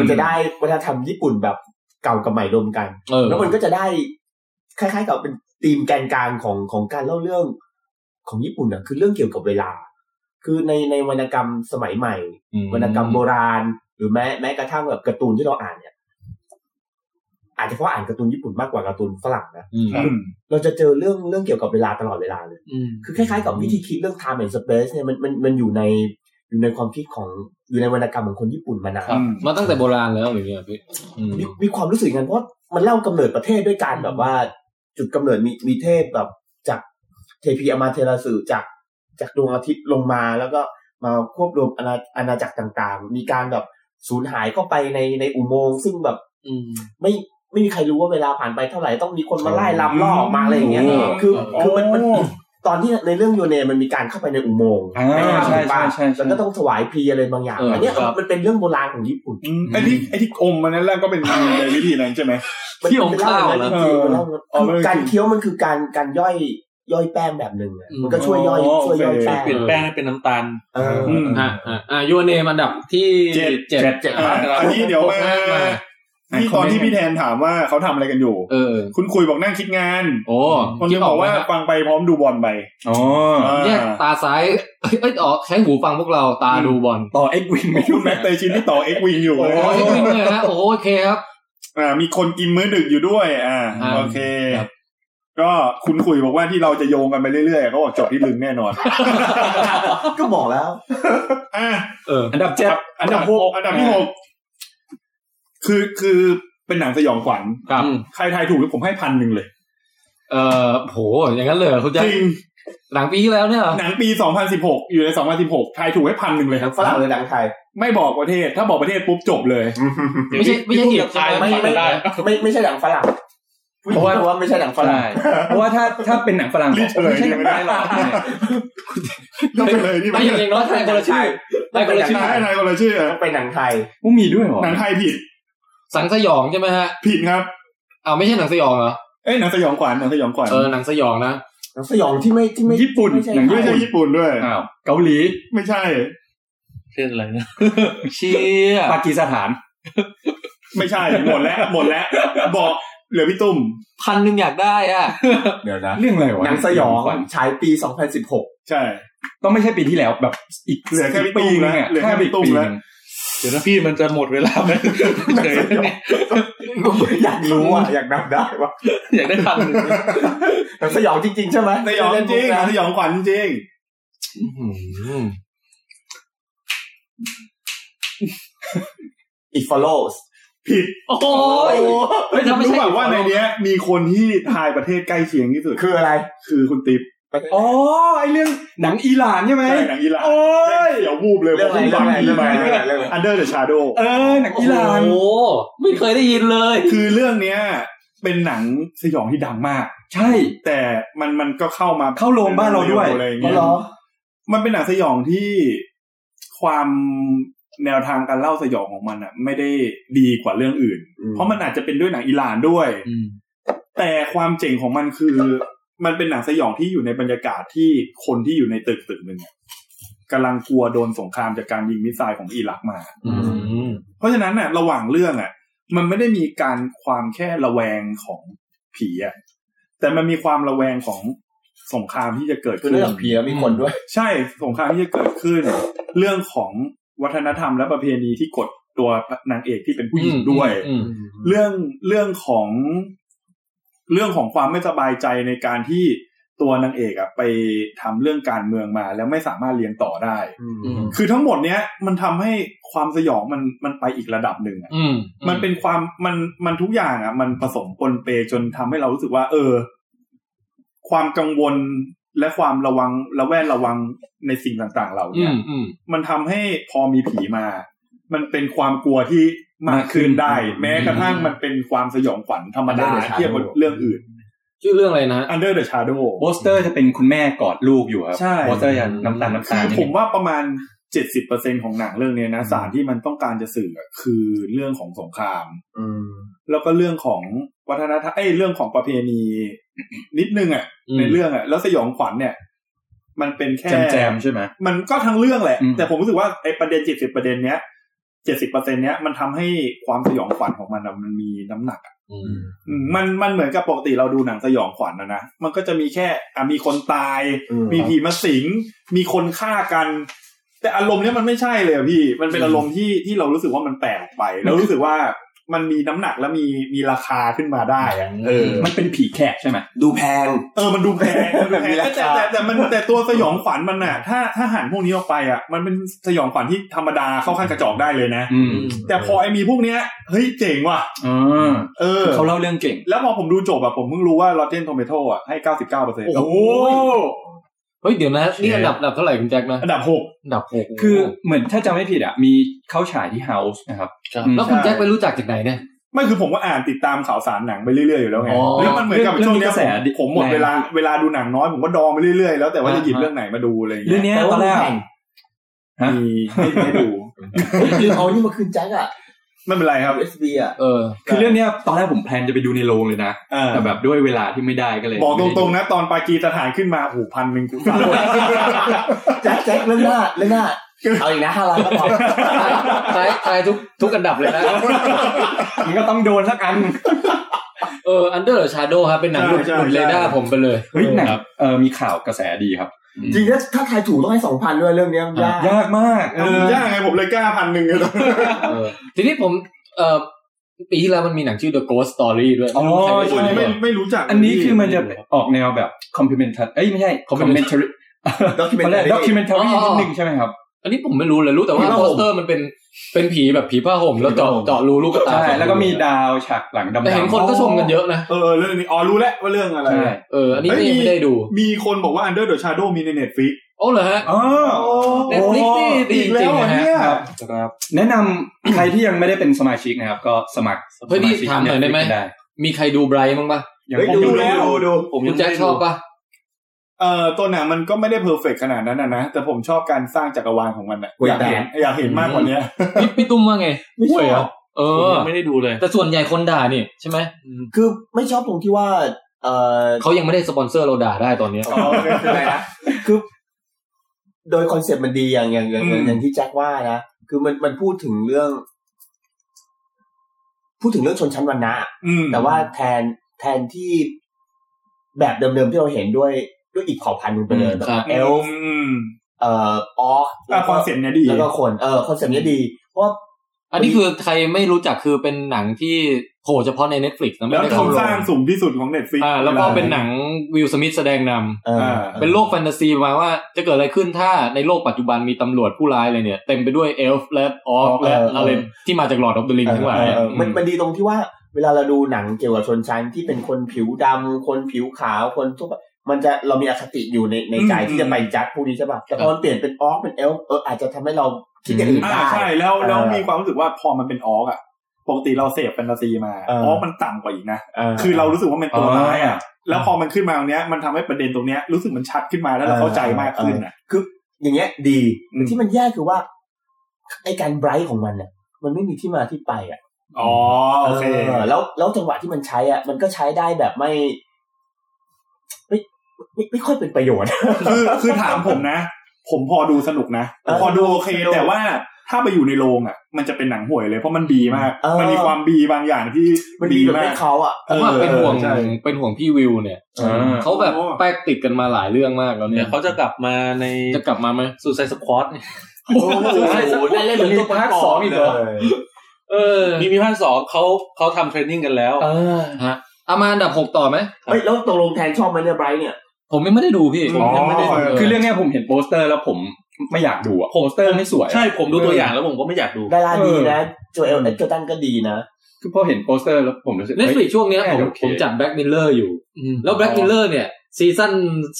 Speaker 4: มันจะได้วัฒนธรรมญี่ปุ่นแบบเก่ากับใหม่รวมกัน
Speaker 1: เออ
Speaker 4: แล้วมันก็จะได้คล้ายๆกับเป็นธีมแกนกลางของของการเล่าเรื่องของญี่ปุ่นอ่ะคือเรื่องเกี่ยวกับเวลา คือในในวรรณกรรมสมัยใหม่ วรรณกรรมโบราณ หรือแม้แม้กระทั่งแบบการ์ตูนที่เราอ่านเนี่ย อาจจะเพราะอ่านการ์ตูนญี่ปุ่นมากกว่าการ์ตูนฝรั่งนะ
Speaker 1: อืม
Speaker 4: เราจะเจอเรื่องเรื่องเกี่ยวกับเวลาตลอดเวลาเลย
Speaker 1: อืม
Speaker 4: คือคล้ายๆกับวิธีคิดเรื่อง time and space เนี่ยมันมันมันอยู่ในอยู่ในความคิดของอยู่ในวรรณกรรมของคนญี่ปุ่นมานาน
Speaker 1: ครับมาตั้งแต่โบราณแล้วหรือเนี่ยพี่อืม
Speaker 4: มีมีความรู้สึกอย่างนั้นเพราะมันเล่ากำเนิดประเทศด้วยการแบบว่าจุดกำเนิดมีมีเทพแบบจากเทพีอมาเทราสือจากจากดวงอาทิตย์ลงมาแล้วก็มาควบรวมอาณาอาณาจักรต่างๆ มีการแบบสูญหายเข้าไปในในอุโมงค์ซึ่งแบบ
Speaker 1: อืม
Speaker 4: ไม่ไม่มีใครรู้ว่าเวลาผ่านไปเท่าไหร่ต้องมีคนมาไล่ลำล่อออกมาอะไรอย่างเงี้ย
Speaker 1: โอ้
Speaker 4: คือคือมันมัน
Speaker 2: โ
Speaker 4: มันตอนที่ในเรื่องโยเนมันมีการเข้าไปในอุโมงค์
Speaker 7: อ่า
Speaker 4: ในถ้ำ
Speaker 7: ใช่
Speaker 4: ถูกปะ
Speaker 7: ใช่ใช่
Speaker 4: แล้วก็ต้องถวายเพลียอะไรบางอย่าง
Speaker 1: เอออั
Speaker 4: อันเนี้ย
Speaker 1: ครับ
Speaker 4: มันเป็นเรื่องโบราณของญี่ปุ่น
Speaker 2: อืมไอ้ที่ไอ้ที่อมมันนั่นแหละก็เป็นในวิธีนั้นใช่ไหม
Speaker 1: ที่ของข้าวเหรอ
Speaker 4: มันเป็นเหล้านะ
Speaker 2: เออ
Speaker 4: คือการเคี้ยวมันคือการการย่อยย่อยแป้งแบบหนึ่งอะ
Speaker 1: อืม
Speaker 4: มันก็ช่วยย่อย
Speaker 2: อ๋อ
Speaker 4: ช่วยย่อย
Speaker 2: โอเค
Speaker 4: แป้ง
Speaker 3: เปลี่ยนแป้งให้เป็นน้ำตาล
Speaker 4: เอออ
Speaker 2: ม
Speaker 1: ฮะฮะอ่ะยูเนมอันดับที่
Speaker 2: เจ็ด
Speaker 1: เจ็ด
Speaker 4: เจ็บ
Speaker 2: อ่าอันนี้เดี๋ยวมา
Speaker 1: มา
Speaker 2: ที่ตอนที่พี่แทนถามว่าเขาทำอะไรกันอยู่
Speaker 1: เออ
Speaker 2: คุณคุยบอกนั่งคิดงาน
Speaker 1: โอ้
Speaker 2: คนนึงบอกว่า
Speaker 1: คิดไหมฮะ
Speaker 2: ฟังไปพร้อมดูบอลไป
Speaker 7: อ๋อ
Speaker 1: เนี่ย
Speaker 2: อ่า
Speaker 1: ตาซ้ายเอ้ยเอ้ยอ๋อใช้หูฟังพวกเราตาดูบอล
Speaker 7: ต่อเอ็กวินไม่
Speaker 2: คุ
Speaker 7: รู้
Speaker 2: ณแม็
Speaker 7: นะ
Speaker 2: กเตชินที่ต่อเอ็กวิงอยู่
Speaker 1: โอ้
Speaker 2: นะ
Speaker 1: ยวิ่งเลยฮะโอ้โหโอเคครับ
Speaker 2: อ่า มีคนกินมื้อดึกอยู่ด้วย อ่า
Speaker 1: อ่า
Speaker 2: โอเค
Speaker 1: ครับ
Speaker 2: ก็คุณคุยบอกว่าที่เราจะโยงกันไปเรื่อยๆเขาบอกจบที่ลึงแน่นอน
Speaker 4: ก็บอกแล้ว
Speaker 2: อ่ะ
Speaker 1: เออ
Speaker 7: อันดับเจ็ด
Speaker 2: อันดับหกอันดับที่หกคือคือเป็นหนังสยองขวัญ
Speaker 1: ครับ
Speaker 2: ใครทายถูกผมให้พันหนึ่งเลย
Speaker 1: เออโหอย่างนั้นเลยเหรอคุณแจะ
Speaker 2: จริง
Speaker 1: หลังปีที่แล้วเนี่ยเหรอ
Speaker 2: หนังปี 2016 อยู่ใน 2016 ทายถูกให้พันหนึ่งเลยครับ
Speaker 4: ฝรั่งหรือหนังไทย
Speaker 2: ไม่บอกประเทศ ถ้าบอกประเทศปุ๊บจบเลย
Speaker 1: ไม่ใช่ไม่ใช่เหยียบใช่ไหม
Speaker 4: ไม่ไม่
Speaker 1: ได้
Speaker 4: ไม่ไม่ใช่หนังฝรั่ง
Speaker 7: เพราะว่า
Speaker 4: ว่าไม่ใช่หนังฝรั่ง
Speaker 7: ใช่เพราะว่าถ้าถ้าเป็นหนังฝรั่ง
Speaker 2: รีบเฉย
Speaker 7: ไม่ใช่หนังไทยหรอกเนี่ย
Speaker 2: ต้องไปเลยที่
Speaker 1: ไม่
Speaker 2: ไม่
Speaker 1: อย่างน้อยทายคนละชื่อ ได้คนละชื่อ
Speaker 2: นายนายคนละชื่อ
Speaker 4: ต้องเป็นหนังไทย
Speaker 7: มันมีด้วยเหรอ
Speaker 2: หนังไทยผิด
Speaker 1: สังสยองใช่ไหมฮะ
Speaker 2: ผิดครับ
Speaker 1: เอาไม่ใช่หนังสยองเหรอ
Speaker 2: เอ้ยหนังสยองขวัญหนังสยองขวัญ
Speaker 1: เออหนังสยองนะ
Speaker 4: หนังสยองที่ไม่ที่ไม่
Speaker 7: ญี่ปุ่น
Speaker 4: ไม่ใช่
Speaker 7: หนัง
Speaker 2: ไม่
Speaker 7: ญี่
Speaker 2: ใช่
Speaker 7: ปุ่น
Speaker 2: ญี่ปุ่นด้วย
Speaker 7: อ้าวเกาหลี
Speaker 2: ไม่ใช่
Speaker 3: เช่นอะไรนะเชีย
Speaker 7: ปากีสถาน
Speaker 2: ไม่ใช่หมดแล้ว [laughs] หมดแล้วบอกเหลือพี่ตุ้ม
Speaker 1: พันหนึ่งอยากได้อ่ะ
Speaker 4: เดี๋ยวนะ
Speaker 7: เรื่องอะไรวะ
Speaker 4: หนังสยองฉายปี
Speaker 2: ใช่
Speaker 7: ต้องไม่ใช่ปีที่แล้วแบบอีก
Speaker 2: เหลือแค่พี่ตุ้ม
Speaker 7: ปีนึง
Speaker 2: แล้ว
Speaker 7: อะ
Speaker 2: เหลือแค่
Speaker 7: แค่
Speaker 2: พี่
Speaker 7: อีก
Speaker 2: ตุ้ม
Speaker 7: ปี
Speaker 2: แล้ว
Speaker 7: นึง
Speaker 3: เดี๋ยวนะพี่มันจะหมดเวลา [laughs] ไหมเดี๋ยวเนี่ย
Speaker 4: 2016 อยากรู้อ่ะอยากนับได้ว่า
Speaker 3: อยากได้พันหนึ่ง
Speaker 4: หนังสยองจริง ๆ ใช่ไหม
Speaker 2: สยองจริงหนังสยองขวัญจริง
Speaker 4: อี follows
Speaker 2: ผิด
Speaker 1: โอ้ยเฮ้ยถ้าไม่
Speaker 2: รู้
Speaker 1: ใช่
Speaker 2: แบบว่าในเนี้ย มีคนที่ทายประเทศใกล้เคียงที่สุด
Speaker 4: คืออะไร
Speaker 2: คือคุณติ๊บ
Speaker 7: อ๋อไอเรื่องหนังอิหร่านใช่ไหม
Speaker 2: ใช่หนังอิหร่าน
Speaker 7: โอ้ย
Speaker 2: เดี๋ยววูบเลย
Speaker 4: เรื่องอะไรเรื่องอะไรเรื่องอะไรเรื่องอะไรเรื่องอะไร
Speaker 2: อันเดอร์เดอะชาโด
Speaker 7: เออหนังอิหร่าน
Speaker 1: โอ้โหไม่เคยได้ยินเลย
Speaker 2: คือเรื่องเนี้ย เป็นหนังสยองที่ดังมาก
Speaker 7: ใช่
Speaker 2: แต่มันมันก็เข้ามา
Speaker 7: เข้าโรงบ้านเราด้วย
Speaker 2: อะไรองเงี้ย
Speaker 4: อ๋อเหรอ
Speaker 2: มันเป็นหนังสยองที่ความแนวทางการเล่าสยองของมันอ่ะ ไม่ได้ดีกว่าเรื่องอื่น เพราะมันอาจจะเป็นด้วยหนังอิหร่านด้วย
Speaker 1: อืม
Speaker 2: แต่ความเจ๋งของมันคือ มันเป็นหนังสยองที่อยู่ในบรรยากาศที่คนที่อยู่ในตึกตึกหนึ่งอะกำลังกลัวโดนสงครามจากการยิงมิสไซล์ของอิรักมา
Speaker 1: อืม
Speaker 2: เพราะฉะนั้นน่ะระหว่างเรื่องอ่ะ มันไม่ได้มีการความแค่ระแวงของผีอ่ะแต่มันมีความระแวงของสงครามที่จะเกิด
Speaker 4: คือ
Speaker 2: ขึ้น
Speaker 4: เรื่องผีแล้วมีคนด้วย
Speaker 2: ใช่สงครามที่จะเกิดขึ้น เรื่องของวัฒนธรรมและประเพณีที่กดตัวนางเอกที่เป็นผู้หญิงด้วย
Speaker 1: อืม
Speaker 2: เรื่องเรื่องของเรื่องของความไม่สบายใจในการที่ ตัวนางเอกอะไปทำเรื่องการเมืองมาแล้วไม่สามารถเรียนต่อได้
Speaker 3: อืม
Speaker 2: คือทั้งหมดเนี้ยมันทำให้ความสยองมันมันไปอีกระดับหนึ่งอะ
Speaker 1: อืม
Speaker 2: มันเป็นความมันมันทุกอย่างอ่ะ มันผสมปนเปจนทำให้เรารู้สึกว่า เออ ความกังวลและความระวังระแวดระวังในสิ่งต่างๆ เรา
Speaker 1: อื
Speaker 2: เนี่ย
Speaker 1: มอืม
Speaker 2: มันทำให้พอมีผีมา มันเป็นความกลัวที่มากขึ้นได้ แม้กระทั่งมันเป็นความสยองขวัญธรรมดา
Speaker 4: Under the Shadow
Speaker 2: เทียบกับเรื่องอื่น
Speaker 1: ชื่อเรื่องอะไรนะ
Speaker 2: Under the Shadow
Speaker 7: โปสเตอร์จะเป็นคุณแม่กอดลูกอยู่ครับ
Speaker 2: ใช่
Speaker 7: โปสเตอร์จะน้ำตาลน้ำ
Speaker 2: คื
Speaker 7: ตาล
Speaker 2: อ
Speaker 7: นิด
Speaker 2: ผม
Speaker 7: นึง
Speaker 2: ว่าประมาณเจ็ดสิบเปอร์เซ็นของหนังเรื่องเนี้ยนะสารที่มันต้องการจะสื่ออะคือเรื่องของสงคราม
Speaker 4: อืม
Speaker 2: แล้วก็เรื่องของวัฒนธรรมเอ้ยเรื่องของประเพณี
Speaker 7: [coughs]
Speaker 2: นิดนึงอ่ะ
Speaker 1: อืม
Speaker 2: ในเรื่องอ่ะ แล้วสยองขวัญเนี่ย มันเป็นแค่
Speaker 7: แจมแจมๆใช่ไหม
Speaker 2: มันก็ทั้งเรื่องแหละ
Speaker 7: อืม
Speaker 2: แต่ผมรู้สึกว่าไอ้ประเด็นจิตสิบประเด็นเนี้ยเจ็ดสิบเปอร์เซ็นเนี้ยมันทำให้ความสยองขวัญของมันอะมันมีน้ำหนักอะ
Speaker 1: อืม
Speaker 2: อืมมันมันเหมือนกับปกติเราดูหนังสยองขวัญนะนะมันก็จะมีแค่อ่ะมีคนตาย
Speaker 4: อืม
Speaker 2: มีผีมาสิง มีคนฆ่ากัน แต่อารมณ์เนี้ยมันไม่ใช่เลยอะพี่ มันเป็นอารมณ์ที่ที่เรารู้สึกว่ามันแปลกออกไป แล้วรู้สึกว่ามันมีน้ำหนักและมีมีราคาขึ้นมาได้อะเออ
Speaker 7: มันเป็นผีแขกใช่ไหม
Speaker 4: ดูแพง
Speaker 2: เออ มันดูแพง
Speaker 4: มันแบบมีราคา
Speaker 2: แต่แต่แต่มันแต่ตัวสยองขวัญมันน่ะ ถ้าถ้าหันพวกนี้ออกไปอ่ะ มันเป็นสยองขวัญที่ธรรมดาเข้าขั้นกระจอกได้เลยนะ
Speaker 7: อืม
Speaker 2: แต่พอไอ้มีพวกเนี้ย เฮ้ยเจ๋งว่ะ
Speaker 7: อ่า
Speaker 2: เออ
Speaker 7: คือเขาเล่าเรื่องเก่ง
Speaker 2: แล้วพอผมดูจบอะผมเพิ่งรู้ว่า Rotten Tomato อ่ะให้ 99เปอร์เซ็นต์
Speaker 1: โอ้โห เฮ้ยเดี๋ยวนะนี่อันดับอันดับเท่าไหร่คุณแจ็คนะ
Speaker 2: อันดับหก
Speaker 1: อันดับหก
Speaker 7: คือเหมือนถ้าจำไม่ผิดอ่ะ มีเข้าฉายที่เฮาส์นะครับ
Speaker 1: แล้วคุณแจ็คไปรู้จักจากไหนเนี่ย
Speaker 2: ไม่คือผมก็อ่านติดตามข่าวสารหนังไปเรื่อยๆอยู่แล้วไง
Speaker 1: อ๋อ
Speaker 2: แล้วมันเหมือนกับ
Speaker 7: เรื่อง
Speaker 2: ช่วงเนี้
Speaker 7: เรื่
Speaker 2: ย
Speaker 7: องกระแสดิ
Speaker 2: ผมหมดเวลาเวลาดูหนังน้อยผมก็ดองไปเรื่อยๆแล้วแต่ว่า
Speaker 7: อ่า
Speaker 2: จะหยิบเรื่องไหนมาดูอะไรอย่าง
Speaker 7: เรื่
Speaker 2: เงี้
Speaker 7: อย งเนี้ย
Speaker 4: แต่
Speaker 7: ต
Speaker 4: ว่า
Speaker 7: อนแรก
Speaker 4: แพง
Speaker 7: ฮะ
Speaker 2: มีให้ให้ดู
Speaker 4: เอานี่มาคืนแจ็คอะ
Speaker 2: ไม่เป็นไรครับ
Speaker 4: USB อะ
Speaker 1: เออ
Speaker 7: คือเรื่องเนี้ยตอนแรกผมแพลนจะไปดูในโรงเลยนะ
Speaker 2: เออ
Speaker 7: แต่แบบด้วยเวลาที่ไม่ได้ก็เลย
Speaker 2: บอกตรงๆนะ ตอนปากีสถานขึ้นมาโอ้โหพันหนึ่งกูสั่ง
Speaker 4: แจ็คแจ็คเรื่องหน้าเรื่องหน้า เอาอีกนะห้าล้านก็พอ
Speaker 1: ทายทายทุกทุกอันดับเลยนะ
Speaker 7: มันก็ต้องโดนสักอัน
Speaker 1: เออ Under the Shadow ครับ เป็นหนังหลุดหลุดเรดาร์ผมไปเลย
Speaker 7: เฮ้ยหนังเออมีข่าวกระแสดีครับ
Speaker 4: จริงๆถ้าถ้าทายถูกต้องให้สองพันด้วยเรื่องเนี้ยมันยาก
Speaker 7: ยากมากเออย
Speaker 2: ากไงผมเลยกล้าพันหนึ่งเลย
Speaker 1: เออ ทีนี้ผม เอ่อ ปีที่แล้วมันมีหนังชื่อ The Ghost Story ด้วย
Speaker 7: อ๋อ
Speaker 1: ไม่รู้ใคร
Speaker 7: ใช่
Speaker 1: ได้ดู
Speaker 2: ไม่
Speaker 1: ปะ
Speaker 2: ไม่รู้จัก
Speaker 7: อันนี้คือมันจะออกแนวแบบคอมเพลเมนต์เอ้ยไม่ใช่คอมเพลเมนต์
Speaker 4: ด็อกิเมน
Speaker 7: ตอน
Speaker 4: ต์
Speaker 7: แรกด็อกิเมน
Speaker 1: อ๋
Speaker 7: ต์
Speaker 1: อ
Speaker 7: นิดนึงใช่ไหมครับ
Speaker 1: อันนี้ผมไม่รู้เลยรู้แต่ว่าโปสเตอร์มันเป็นเป็นผีแบบผีผ้าห่มแล้วเจาะเจาะรูลูกกระตา
Speaker 7: ใช่ แล้วก็มีดาวฉากหลังดำๆ
Speaker 1: แต่เห็นคนก็ชมกันเยอะนะ
Speaker 2: เออเรื่องนี้อ๋อรู้แล้วว่าเรื่องอะไร
Speaker 7: ใช่
Speaker 1: เออ อันนี้
Speaker 2: เฮ้ย
Speaker 1: ยังไม่ได้ดู
Speaker 2: มีคนบอกว่า Under the Shadow มีใน Netflix
Speaker 1: โอ้เหรอฮะ
Speaker 7: อ๋อ
Speaker 1: Netflix นี่ดี
Speaker 2: อีกแล้
Speaker 1: จริ
Speaker 2: ว
Speaker 1: ง
Speaker 2: เหรอ
Speaker 1: นะฮะ
Speaker 2: เนี่ย
Speaker 7: ครับครับ แนะนำ [coughs] ใครที่ยังไม่ได้เป็นสมาชิกนะครับ ก็สมัคร
Speaker 1: เฮ้ยนี่
Speaker 7: สชิก
Speaker 1: ถามหน่อยได้ไหม
Speaker 7: Netflix
Speaker 1: มีใครดูไบรท์มั้างปะ
Speaker 7: ยัง
Speaker 4: เฮ้ย
Speaker 7: คง
Speaker 4: ดู
Speaker 7: อยู่
Speaker 4: แล้วดูดู
Speaker 1: คุณแจ็คชอบปะ
Speaker 2: เออตัวหนังมันก็ไม่ได้เพอร์เฟกขนาดนั้นนะนะแต่ผมชอบการสร้างจักรวาลของมันอะอยากเห็นอยากเห็นมากกว่าเนี้ย
Speaker 1: พี่พี่ตุ้มว่าไง
Speaker 4: ไม่ช
Speaker 1: เว้ยเหรอ
Speaker 4: อ
Speaker 1: บ เอ
Speaker 3: ผ
Speaker 1: อ
Speaker 3: มยังไม่ได้ดูเลย
Speaker 1: แต่ส่วนใหญ่คนด่านี่ใช่ไหม
Speaker 4: คือไม่ชอบตรงที่ว่า เออ
Speaker 1: เขายังไม่ได้สปอนเซอร์เราด่าได้ตอนเนี้ย
Speaker 2: อ๋อโอเคคืออะไรนะ
Speaker 4: คือโดยคอนเซปต์มันดีอย่างอย่างอย่าง
Speaker 2: อืม
Speaker 4: อย่างที่แจ็คว่านะ คือมันมันพูดถึงเรื่อง พูดถึงเรื่องชนชั้นวรรณะ
Speaker 2: อืม
Speaker 4: แต่ว่าแทนแทนที่แบบเดิมๆที่เราเห็นด้วยด้วยอีกเผ่าพันธุ์หนึ่งไปเลย
Speaker 1: อืม
Speaker 4: แบบ
Speaker 1: ครับ
Speaker 4: เอลฟ์เอ่อออ
Speaker 2: อ่ะคอนเซ็ปต์เนี้ยดี
Speaker 4: แล้วก็คน เออคอนเซปต์เนี้ยดี เพราะว่า
Speaker 1: อันนี้คือใครไม่รู้จักคือเป็นหนังที่โผล่เฉพาะใน Netflix นะไม่
Speaker 2: แล้ว
Speaker 1: ได้
Speaker 2: เขา
Speaker 1: เข้าโร
Speaker 2: สร้าง
Speaker 1: ง
Speaker 2: สูงที่สุดของเน็ตฟิก
Speaker 1: อ่าแล้วก็เป็นหนังวิลสมิธแสดงนำ
Speaker 4: เออ
Speaker 2: อ่า
Speaker 1: เป็นโลกแฟนตาซีประมาณว่าจะเกิดอะไรขึ้นถ้าในโลกปัจจุบันมีตำรวจผู้ร้ายอะไรเนี่ย เต็มไปด้วยเอลฟ์และออฟและอะไรที่มาจากหลอดออฟเดอะริงทั้งหลาย
Speaker 4: เออ
Speaker 1: อะ
Speaker 4: เออมัน
Speaker 1: อืม
Speaker 4: มันดีตรงที่ว่า เวลาเราดูหนังเกี่ยวกับชนชั้นที่เป็นคนผิวดำคนผิวขาวคนทั่วไปมันจะเรามีอคติอยู่ในในใจ
Speaker 2: อืม
Speaker 4: ที่จะไปจัดพวกนี้ใช่ป่ะแต่พอมันเปลี่ยนเป็นออฟเป็นเอลเอออาจจะทำให้เราคิดอย่างอื่น
Speaker 2: อ่า
Speaker 4: ได้
Speaker 2: ใช่แล้วแล้ว
Speaker 4: เออ
Speaker 2: มีความรู้สึกว่าพอมันเป็นออกอ่ะ ปกติเราเสพแฟนตาซีมา
Speaker 4: เออ
Speaker 2: อ
Speaker 4: อ
Speaker 2: อกมันต่ำกว่าอีกนะ คือเรารู้สึกว่ามันเป็นตัวร้ายอ่ะ แล้วพอมันขึ้นมาตรงเนี้ยมันทำให้ประเด็นตรงเนี้ยรู้สึกมันชัดขึ้นมาแล้วเราเข้าใจมากขึ้นอ่ะ
Speaker 4: คืออย่างเงี้ยดี
Speaker 2: อืม
Speaker 4: แต่ที่มันแย่คือว่าไอการไบรท์ของมันเนี่ยมันไม่มีที่มาที่ไปอ่ะ
Speaker 2: อ๋อโอเค
Speaker 4: แล้วแล้วจังหวะที่มันใช้อ่ะ มันก็ใช้ได้แบบไม่ไม่ไม่ไม่ค่อยเป็นประโย [laughs] ชน์
Speaker 2: คือคือถามผมนะ ผมพอดูสนุกนะ
Speaker 4: เออ
Speaker 2: พอดูโอเค
Speaker 4: สนุก
Speaker 2: แต่ว่าถ้าไปอยู่ในโรงอ่ะ มันจะเป็นหนังห่วยเลยเพราะมันบีมาก
Speaker 4: เออ
Speaker 2: มันมีความบีบางอย่างที่
Speaker 4: มันดีแบบ
Speaker 2: มา
Speaker 4: ให้
Speaker 2: ก
Speaker 4: เขาอ่ะ
Speaker 1: ผมว่าเป็นห่วง
Speaker 2: เออใช่
Speaker 1: เป็นห่วงพี่วิวเนี่ย
Speaker 7: อ่า
Speaker 1: เขาแบบแป๊กติดกันมาหลายเรื่องมากแล้ว
Speaker 3: เดี๋
Speaker 1: เนี่ย ยว
Speaker 3: เขาจะกลับมาใน
Speaker 1: จะกลับมาไหม
Speaker 3: สุดไซสควอตเนี่ย
Speaker 4: โอ้โหได้เล่นเหมือนตัวประกอบเลย
Speaker 1: เออ
Speaker 3: มีมีภาคสองเขาเขาทำเทรนนิ่งกันแล้ว
Speaker 1: ฮะอามาอันดับหกต่อไหม
Speaker 4: เฮ้ยแล้วตกลงแทนชอบไหมเนี่ยไบรท์เนี่ย
Speaker 1: ผมยังไม่ได้ดูพี่
Speaker 2: ผมยังไม่ได้ดู เออ
Speaker 7: คือเรื่องเนี้ยผมเห็นโปสเตอร์แล้วผมไม่อยากดูอะโปสเตอร์ไม่สวยอะ
Speaker 3: ใช่ผมดูตัวอย่างแล้วผมก็ไม่อยากดู
Speaker 4: ดาราดีนะ โจเอล
Speaker 7: เออ
Speaker 4: และโจตันก็ดีนะ
Speaker 7: คือพอเห็นโปสเตอร์แล้วผมรู้สึก
Speaker 1: เน็ตฟลิ
Speaker 7: เฮ้ย
Speaker 1: กช่วงเนี้ยผม
Speaker 7: โอเค
Speaker 1: ผมจัดแบ็กมิลเลอร์อยู่ แล้วแบ็กมิลเลอร์เนี่ย ซีซั่น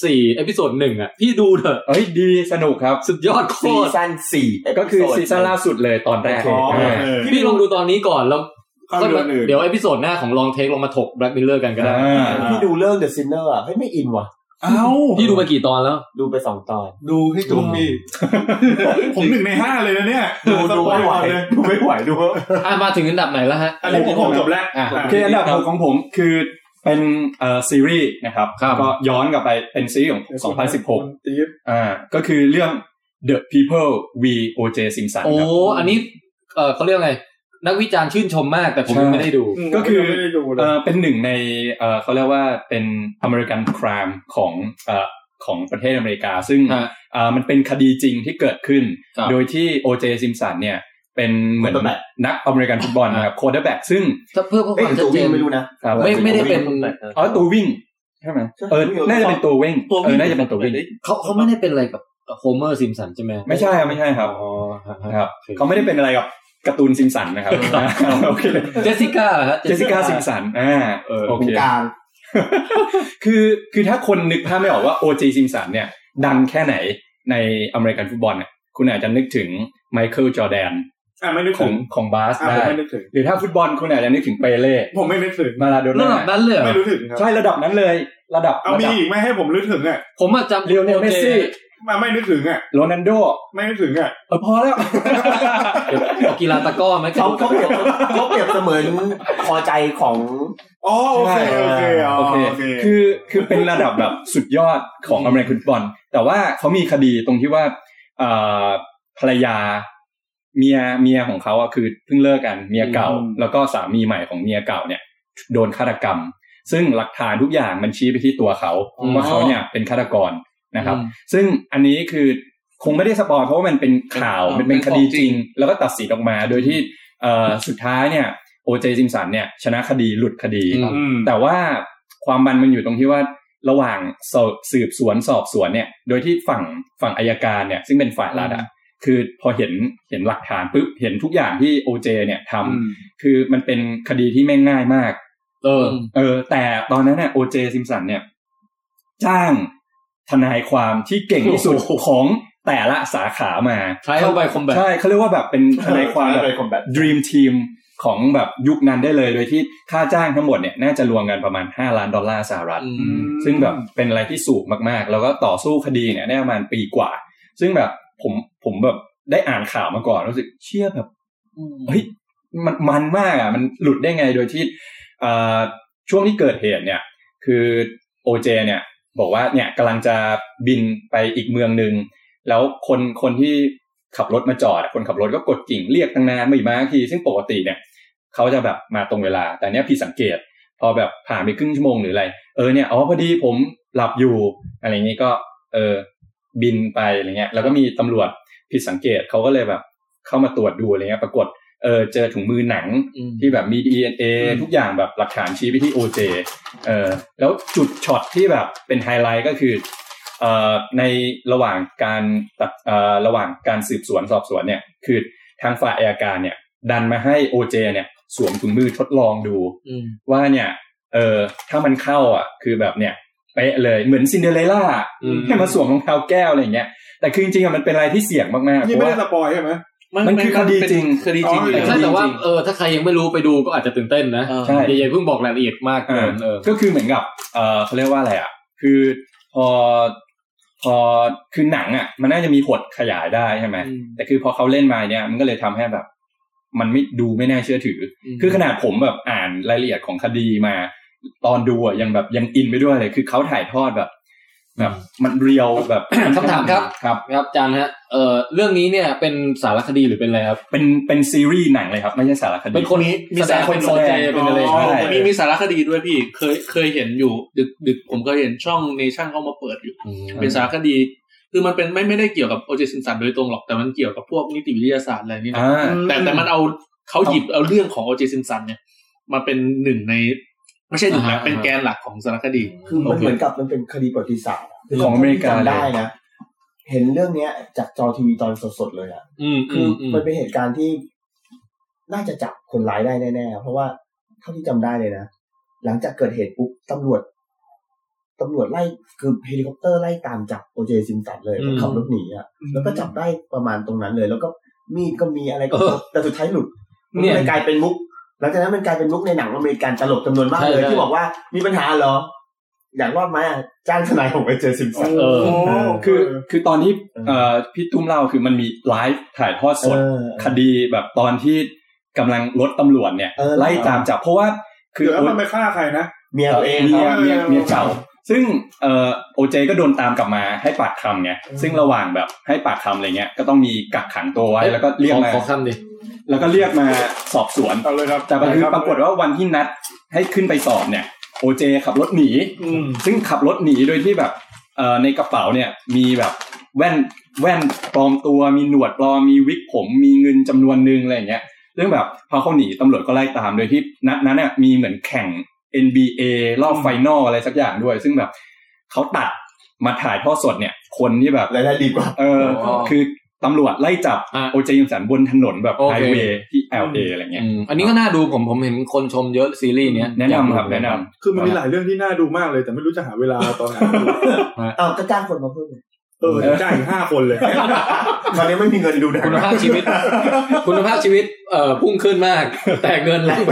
Speaker 1: สี่เอพิโซดหนึ่งอ่ะ พี่ดูเถอะ
Speaker 7: เอ้ยดีสนุกครับ
Speaker 1: สุดยอดโค
Speaker 4: ซี
Speaker 1: ตร
Speaker 4: ซั่นสี่
Speaker 7: ก็คือซีซั่นล่าสุดเลยตอนแรก
Speaker 2: อ๋อ
Speaker 7: เออ
Speaker 2: เออ
Speaker 1: พี่ลองดูตอนนี้ก่อนแล้ว
Speaker 2: เข้าเรื่องอื่น
Speaker 1: เดี๋ยวเอพิโซดหน้าของลองเทคลงมาถกแบ็กมิลเลอร์กันก็ได้
Speaker 7: อ่า
Speaker 4: พี่ดูเรื่อง The Sinner อ่ะเฮ้ยไม่อินว่ะ
Speaker 2: เอ้า
Speaker 1: พี่ดูไปกี่ตอนแล้ว
Speaker 4: ดูไปสองตอน
Speaker 2: ดูให้จบพี่ ผมหนึ่งในห้าเลยนะเนี่ย
Speaker 4: ดูดูไม่ไหว
Speaker 2: เลย
Speaker 4: ดูไม่ไหวดูว่า
Speaker 1: อ่ะมาถึงอันดับไหนแล้วฮะ
Speaker 2: อันนี้ผมจบแล้ว
Speaker 1: อ่ะ
Speaker 7: โอเคอันดับหกของผมคือเป็นเอ่อซีรีส์นะครับ
Speaker 1: ครับ
Speaker 7: ก็ย้อนกลับไปเป็นซีรีส์ของ 2016อ่าก็คือเรื่อง The People V O.J. Simpson
Speaker 1: โอ้
Speaker 7: ครับ
Speaker 1: อันนี้เออเขาเรียกไง นักวิจารณ์ชื่นชมมากแต่ผมยัง
Speaker 7: ใช่
Speaker 1: ไม่ได้ดู
Speaker 7: ก็คือ
Speaker 2: ไม่ได้ดูเล
Speaker 7: เอย อเป็นหนึ่งในเออเขาเรียกว่าเป็นอเมริกันครามของเออของประเทศอเมริกา ซึ่ง
Speaker 1: ฮะ
Speaker 7: เออมันเป็นคดีจริงที่เกิดขึ้น
Speaker 1: ครับ
Speaker 7: โดยที่โอเจซิมสันเนี่ย เป็นเหมือน
Speaker 4: แบบ
Speaker 7: นักอเมริกันฟุตบอลนะครับโคดแบ็กซึ่ง
Speaker 1: ถ้าเพื่อเพื่อ
Speaker 4: เอ้ยว
Speaker 1: คามชั
Speaker 4: ตั
Speaker 1: ด
Speaker 4: ว
Speaker 1: เจน
Speaker 4: วิ่งไม่รู้นะ
Speaker 7: ครับ
Speaker 1: ไม่ไม่ได้เป็น
Speaker 7: อ๋อตัววิ่งใช่ไหมเออน่าจะเป็นตัววิ่ง
Speaker 3: ตัววิ่ง
Speaker 7: เออน่าจะเป็นตัววิ่ง
Speaker 1: เขาเขาไม่ได้เป็นอะไรกับโฮเมอร์ซิมสันใช่ไหม
Speaker 7: ไม่ใช่ครับไม่ใช่ครับ
Speaker 1: อ๋อฮะฮะ
Speaker 7: ครับเขาไม่ได้เป็นอะไรกับการ์ตูนซิมสันนะครับโอเค
Speaker 1: เจสสิก้าเหรอฮะ
Speaker 7: เจสสิก้าซิมสันอ่าโอเค
Speaker 4: กลาง
Speaker 7: คือคือถ้าคนนึกภาพไม่ออกว่าโอเจซิมสันเนี่ย ดังแค่ไหนในอเมริกันฟุตบอลเนี่ยคุณอาจจะนึกถึงไมเคิลจอร์แดน
Speaker 2: อ่ะไม่นึก
Speaker 7: ข
Speaker 2: ถึ
Speaker 7: อง งของบาส
Speaker 2: อ่ะผ
Speaker 7: ได้
Speaker 2: มไม่นึกถึง
Speaker 7: หรือถ้าฟุตบอลคุณอาจจะนึกถึงเปเล่
Speaker 2: ผมไม่นึกถึง
Speaker 7: มาลาโด
Speaker 1: ระ
Speaker 7: น่า
Speaker 1: ดับนั้นเลยเหรอ
Speaker 2: ไม่รู้ถึงครับ
Speaker 7: ใช่ระดับนั้นเลยระดับ
Speaker 2: เอามีอีกไหม่ให้ผมนึกถึงอ่ะ
Speaker 1: ผมอะจำ
Speaker 7: เรียวเนลเมสซี่
Speaker 2: มาไม่นึกถึงอ่ะ
Speaker 7: โรนันโด
Speaker 2: ไม่นึกถึงอ่ะ
Speaker 7: เออพอแล้ว
Speaker 1: เอากีฬาตะกร้อไหม
Speaker 4: เขาเขาเปรียบเขาเปรียบเสมือนพอใจของ
Speaker 2: อ๋อโอเคโอเคอ๋อ
Speaker 7: โอเค
Speaker 2: โอเค
Speaker 7: คือคือเป็นระดับแบบสุดยอดของอเมริกันฟุตบอล แต่ว่าเขามีคดีตรงที่ว่าเอ่อภรรยาเมียเมียของเขาอะคือเพิ่งเลิกกันเมียเก่า แล้วก็สามีใหม่ของเมียเก่าเนี่ย โดนฆาตกรรม ซึ่งหลักฐานทุกอย่างมันชี้ไปที่ตัวเขาว่าเขาเนี่ยเป็นฆาตกรนะครับ ซึ่งอันนี้คือคงไม่ได้สปอยเพราะว่ามันเป็นข่าว
Speaker 3: เป็
Speaker 7: มัน
Speaker 3: น
Speaker 7: เป็นคดี
Speaker 3: ของจ
Speaker 7: จ
Speaker 3: ริ
Speaker 7: ริง
Speaker 3: ง
Speaker 7: แล้วก็ตัดสินออกมาโดยที่เอ่อสุดท้ายเนี่ยโอเจซิมสันเนี่ยชนะคดีหลุดคดี
Speaker 2: อืม
Speaker 7: แต่ว่าความมันมันอยู่ตรงที่ว่าระหว่างสอบสืบสวนสอบสวนเนี่ย โดยที่ฝั่งฝั่งอายการเนี่ย ซึ่งเป็นฝ่ายรัฐอะคือพอเห็นเห็นหลักฐานปุ๊บเห็นทุกอย่างที่โอเจเนี่ย
Speaker 2: อื
Speaker 7: ทำ
Speaker 2: ม
Speaker 7: คือมันเป็นคดีที่แม่งง่ายมาก
Speaker 1: เออ
Speaker 7: เออ แต่ตอนนั้นเนี่ยโอเจซิมสันเนี่ย จ้างทนายความที่เก่งที่สุดของแต่ละสาขามา
Speaker 1: ใช้เข้าไปคมแบบ
Speaker 7: ใช่เขาเรียกว่าแบบเป็นทนายความแบบ
Speaker 4: เป็นคนแบบ
Speaker 7: Dream Team ของแบบยุคนั้นได้เลย โดยที่ค่าจ้างทั้งหมดเนี่ยน่าจะรวมกันประมาณ 5 ล้านดอลลาร์สหรัฐ
Speaker 1: อื
Speaker 2: อื
Speaker 1: ม
Speaker 2: ม
Speaker 7: ซึ่งแบบเป็นอะไรที่สูงมากๆ แล้วก็ต่อสู้คดีเนี่ยได้ประมาณปีกว่า ซึ่งแบบผมผมแบบได้อ่านข่าวมาก่อนรู้สึกเชื่อแบบเฮ้ยมันมันมากอ่ะมันหลุดได้ไงโดยที่เอ่อช่วงที่เกิดเหตุเนี่ย คือโอเจเนี่ย บอกว่าเนี่ยกำลังจะบินไปอีกเมืองหนึ่ง แล้วคนคนที่ขับรถมาจอดอะคนขับรถก็กดกิ่งเรียกตั้งนานไม่มาสักที ซึ่งปกติเนี่ย เขาจะแบบมาตรงเวลา แต่เนี้ยพี่สังเกต พอแบบผ่านไปครึ่งชั่วโมงหรืออะไร เออเนี่ยอ๋อพอดีผมหลับอยู่ อะไรอย่างงี้ก็ เออ บินไปอะไรเงี้ย แล้วก็มีตำรวจผิดสังเกตเขาก็เลยแบบ เข้ามาตรวจดูอะไรเงี้ยปรากฏเออเจอถุงมือหนัง
Speaker 1: อืม
Speaker 7: ที่แบบมี DNA ทุกอย่างแบบหลักฐานชี้ไปที่โอเจเออแล้วจุดช็อตที่แบบเป็นไฮไลท์ก็คือเอ่อในระหว่างการตัดเอ่อระหว่างการสืบสวนสอบสวนเนี่ย คือทางฝ่ายอายการเนี่ย ดันมาให้โอเจเนี่ย สวมถุงมือทดลองดู
Speaker 1: อืม
Speaker 7: ว่าเนี่ย เออถ้ามันเข้าอ่ะ คือแบบเนี่ยเป๊ะเลยเหมือนซินเดอเรลล่า
Speaker 1: อืม
Speaker 7: ให้มาสวมรองเท้าแก้วอะไรอย่างเงี้ย แต่คือจริงๆอ่ะมันเป็นอะไรที่เสี่ยงมากๆเพ
Speaker 2: นี่
Speaker 7: ราะ
Speaker 2: ไม่ได้
Speaker 7: ว่า
Speaker 2: สปอยใช่ไหม
Speaker 7: มันคือคดีจริง
Speaker 3: คดีจริง
Speaker 2: อ๋อ
Speaker 3: อยู่ล้ว
Speaker 1: ใช่แต่ว่า
Speaker 3: จริง
Speaker 1: เออถ้าใครยังไม่รู้ไปดูก็อาจจะตื่นเต้นนะ
Speaker 3: เออ
Speaker 7: ใช่
Speaker 1: อย่าอย่าเพิ่งบอกรายละเอียดมากเกินเออ
Speaker 7: ก็คือเหมือนกับเออเขาเรียกว่าอะไรอ่ะ คือพอพอคือหนังอ่ะ มันน่าจะมีหดขยายได้ใช่ไหม แต่คือพอเขาเล่นมาเนี่ยมันก็เลยทำให้แบบ มันไม่ดูไม่น่าเชื่อถืออ
Speaker 1: ม
Speaker 7: คือขนาดผมแบบอ่านรายละเอียดของคดีมา ตอนดูอ่ะยังแบบยังอินไปด้วยเลย คือเขาถ่ายทอดแบบ แบบมันเรียวแบบ
Speaker 1: [coughs] คำถามครับ
Speaker 7: ครับ
Speaker 1: ครับอาจารย์ฮะเออเรื่องนี้เนี่ยเป็นสารคดีหรือเป็นอะไรครับ
Speaker 7: เป็นเป็นซีรีส์หนังเลยครับ ไม่ใช่สารคดี
Speaker 1: เป็นคนนี้
Speaker 7: มี
Speaker 1: แสดง
Speaker 7: สาร
Speaker 1: เป็นโซ
Speaker 7: แสด
Speaker 1: เจ
Speaker 7: ง
Speaker 1: เป็นอะไร
Speaker 2: อ๋อ
Speaker 7: ใช่
Speaker 3: มีมีสารคดีด้วยพี่ เคยเคยเห็นอยู่ ดึกดึกผมเคยเห็นช่องเนชั่นเข้ามาเปิดอยู่ เป็นสารคดี คือมันเป็นไม่ไม่ได้เกี่ยวกับโอเจซินสันโดยตรงหรอกแต่มันเกี่ยวกับพวกนิติวิทยาศาสตร์อะไรนี่นะ
Speaker 7: อ่า
Speaker 3: แต่แต่มันเอาเขาหยิบเอาเรื่องของโอเจซินสันเนี่ยมาเป็นหนึ่งใน ไม่ใช่ถูกนะ
Speaker 1: อ่า
Speaker 3: เป็นแกนหลักของสารคดี
Speaker 4: คือมันเหมือนกับมันเป็นคดีประวัติศาสตร์ะคื
Speaker 7: ของอเมริกา
Speaker 4: จำได้นะเห็นเรื่องเนี้ย จากจอทีวีตอนสดๆเลยอะ
Speaker 1: อืม
Speaker 4: คืออ
Speaker 1: อืม
Speaker 4: มันเป็นเหตุการณ์ที่น่าจะจับคนร้ายได้แน่ๆ เพราะว่าเท่าที่จำได้เลยนะ หลังจากเกิดเหตุปุ๊บตำรวจตำรวจไล่คือเฮลิคอปเตอร์ไล่ตามจับโอเจซิมสันเลย
Speaker 1: อืม
Speaker 4: ขับรถหนีอ่ะแล้วก็จับได้ประมาณตรงนั้นเลย แล้วก็มีดก็มีอะไรก็
Speaker 1: เออ
Speaker 4: แต่สุดท้ายหลุดมัน
Speaker 1: เนี่ย
Speaker 4: ก็เลยกลายเป็นมุก หลังจากนั้นมันกลายเป็นมุกในหนังอเมริกันตลกจำนวนมากเลย
Speaker 1: ใช่
Speaker 4: ที่บอกว่ามีปัญหาเหรอ อยากรอดไหมอะจ้างทนายของโอเจซิมสัน
Speaker 7: เออ คือ
Speaker 4: เออ
Speaker 7: คือตอนที่
Speaker 4: เออ
Speaker 7: เอ่อพี่ตุ้มเล่าคือมันมีไลฟ์ถ่ายทอดสด
Speaker 4: เออ
Speaker 7: คดีแบบตอนที่กำลังรถตำรวจเนี่ย
Speaker 4: เออ
Speaker 7: ไล่ตามจับเพราะว่าคือ
Speaker 2: เดี๋ยวแล้วมันไปฆ่าใครนะ
Speaker 4: เมียตัวเอง
Speaker 7: เมีย
Speaker 4: เขา
Speaker 7: เมียเมียเก่า ซึ่งเอ่อโอเจก็โดนตามกลับมาให้ปากคำไง
Speaker 4: อืม
Speaker 7: ซึ่งระหว่างแบบให้ปากคำอะไรเงี้ยก็ต้องมีกักขังตัวไว้แล้วก็เรียก
Speaker 1: ขอ
Speaker 7: มา
Speaker 1: ขอคำดิ
Speaker 7: แล้วก็เรียกมาสอบสวน
Speaker 2: เอาเลยครับ
Speaker 7: แต่ปรากฏ
Speaker 2: ครับ
Speaker 7: ปรากฏว่าวันที่นัดให้ขึ้นไปสอบเนี่ยโอเจขับรถหนี
Speaker 2: อืม
Speaker 7: ซึ่งขับรถหนีโดยที่แบบเอ่อในกระเป๋าเนี่ยมีแบบแว่นแว่นปลอมตัวมีหนวดปลอมมีวิกผม มีเงินจำนวนหนึ่งอะไรอย่างเงี้ยเรื่องแบบพอเขาหนีตำรวจก็ไล่ตามโดยที่นัดนั้นเนี่ยมีเหมือนแข่ง NBA รอบไฟนอลอะไรสักอย่างด้วย ซึ่งแบบเขาตัดมาถ่ายทอดสดเนี่ยคนที่แบบ
Speaker 4: รายได้ดีกว่า
Speaker 7: เออ
Speaker 1: อ๋อ
Speaker 7: คือตำรวจไล่จับ
Speaker 1: อ่ะ
Speaker 7: โอเจยิมสันบนถนนแบบ
Speaker 1: โอ
Speaker 7: ไฮ
Speaker 1: เค
Speaker 7: เวย์ที่
Speaker 2: อื
Speaker 7: LA
Speaker 2: ม
Speaker 7: อะไรเงี้ย
Speaker 1: อืมอันนี้ก็น่าดูผมผมเห็นคนชมเยอะซีรีส์เนี้ย
Speaker 7: แนะนำครับแนะน
Speaker 2: คือมันมีหลายเรื่องที่น่าดูมากเลย แต่ไม่รู้จะหาเวลาตอน
Speaker 7: [laughs]
Speaker 2: ไหนดู
Speaker 4: เอาก็จ้างคนมาเพิ่มเลย
Speaker 2: เออเดี๋ยวจ้างอีกห้าคนเลย
Speaker 4: ตอนนี้ไม่มีเงินดูหนัง
Speaker 1: คุณ
Speaker 4: นะ
Speaker 1: ภาพชีวิต คุณภาพชีวิตเอ่อพุ่งขึ้นมาก แต่เงินแหละ
Speaker 7: ำ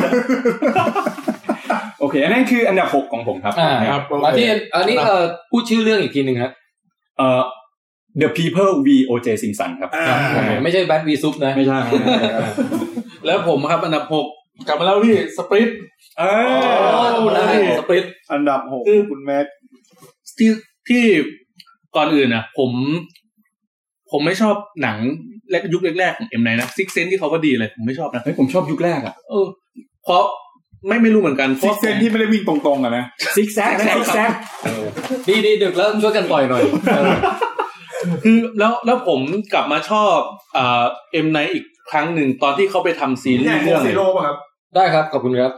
Speaker 7: โอเค อันนั้นคืออันดับหกของผมครับ
Speaker 1: อ่า
Speaker 2: ครับโอเค
Speaker 1: มาที่อันนี้เอ่อพูดชื่อเรื่องอีกทีหนึ่งครับ
Speaker 7: เอ่อ The People v O.J. Simpson ครับ
Speaker 2: อ่า
Speaker 1: ไม่ใช่แบทวีซุปนะ
Speaker 7: ไม่ใช่
Speaker 3: แล้วผมครับอันดับหกกลับมาแล้วพี่สปริต
Speaker 2: เอ
Speaker 1: โอ้
Speaker 2: อ
Speaker 1: ทำได้สปริต
Speaker 2: อันดับหกคุณแม็ก
Speaker 3: ที่ที่ก่อนอื่นอ่ะ ผม ผมไม่ชอบหนังและยุคแรกๆของเอ็มไนนะซิกเซนที่เขาว่าดีเลยผมไม่ชอบนะ
Speaker 7: เฮ้ยผมชอบยุคแรกอะ
Speaker 3: เออเพราะไม่ไม่รู้เหมือนกันเพ
Speaker 2: ซิ
Speaker 3: ราะ
Speaker 2: กเซนที่ไม่ได้วิ่งตรงๆอะนะ
Speaker 7: ซิกแซก
Speaker 3: Zigzag
Speaker 7: ซิกแซก
Speaker 1: ดีดีดึกแล้วช่วยกันปล่อยหน่อยเออ
Speaker 3: คือแล้วแล้วผมกลับมาชอบเอ็มไนอีกครั้งหนึ่งตอนที่เขาไปทำซีรี
Speaker 2: นี่
Speaker 3: ส์
Speaker 2: โค
Speaker 3: เรื่อง
Speaker 2: ซิโร่ป่ะครับ
Speaker 1: ได้ครับ ขอบคุณครับ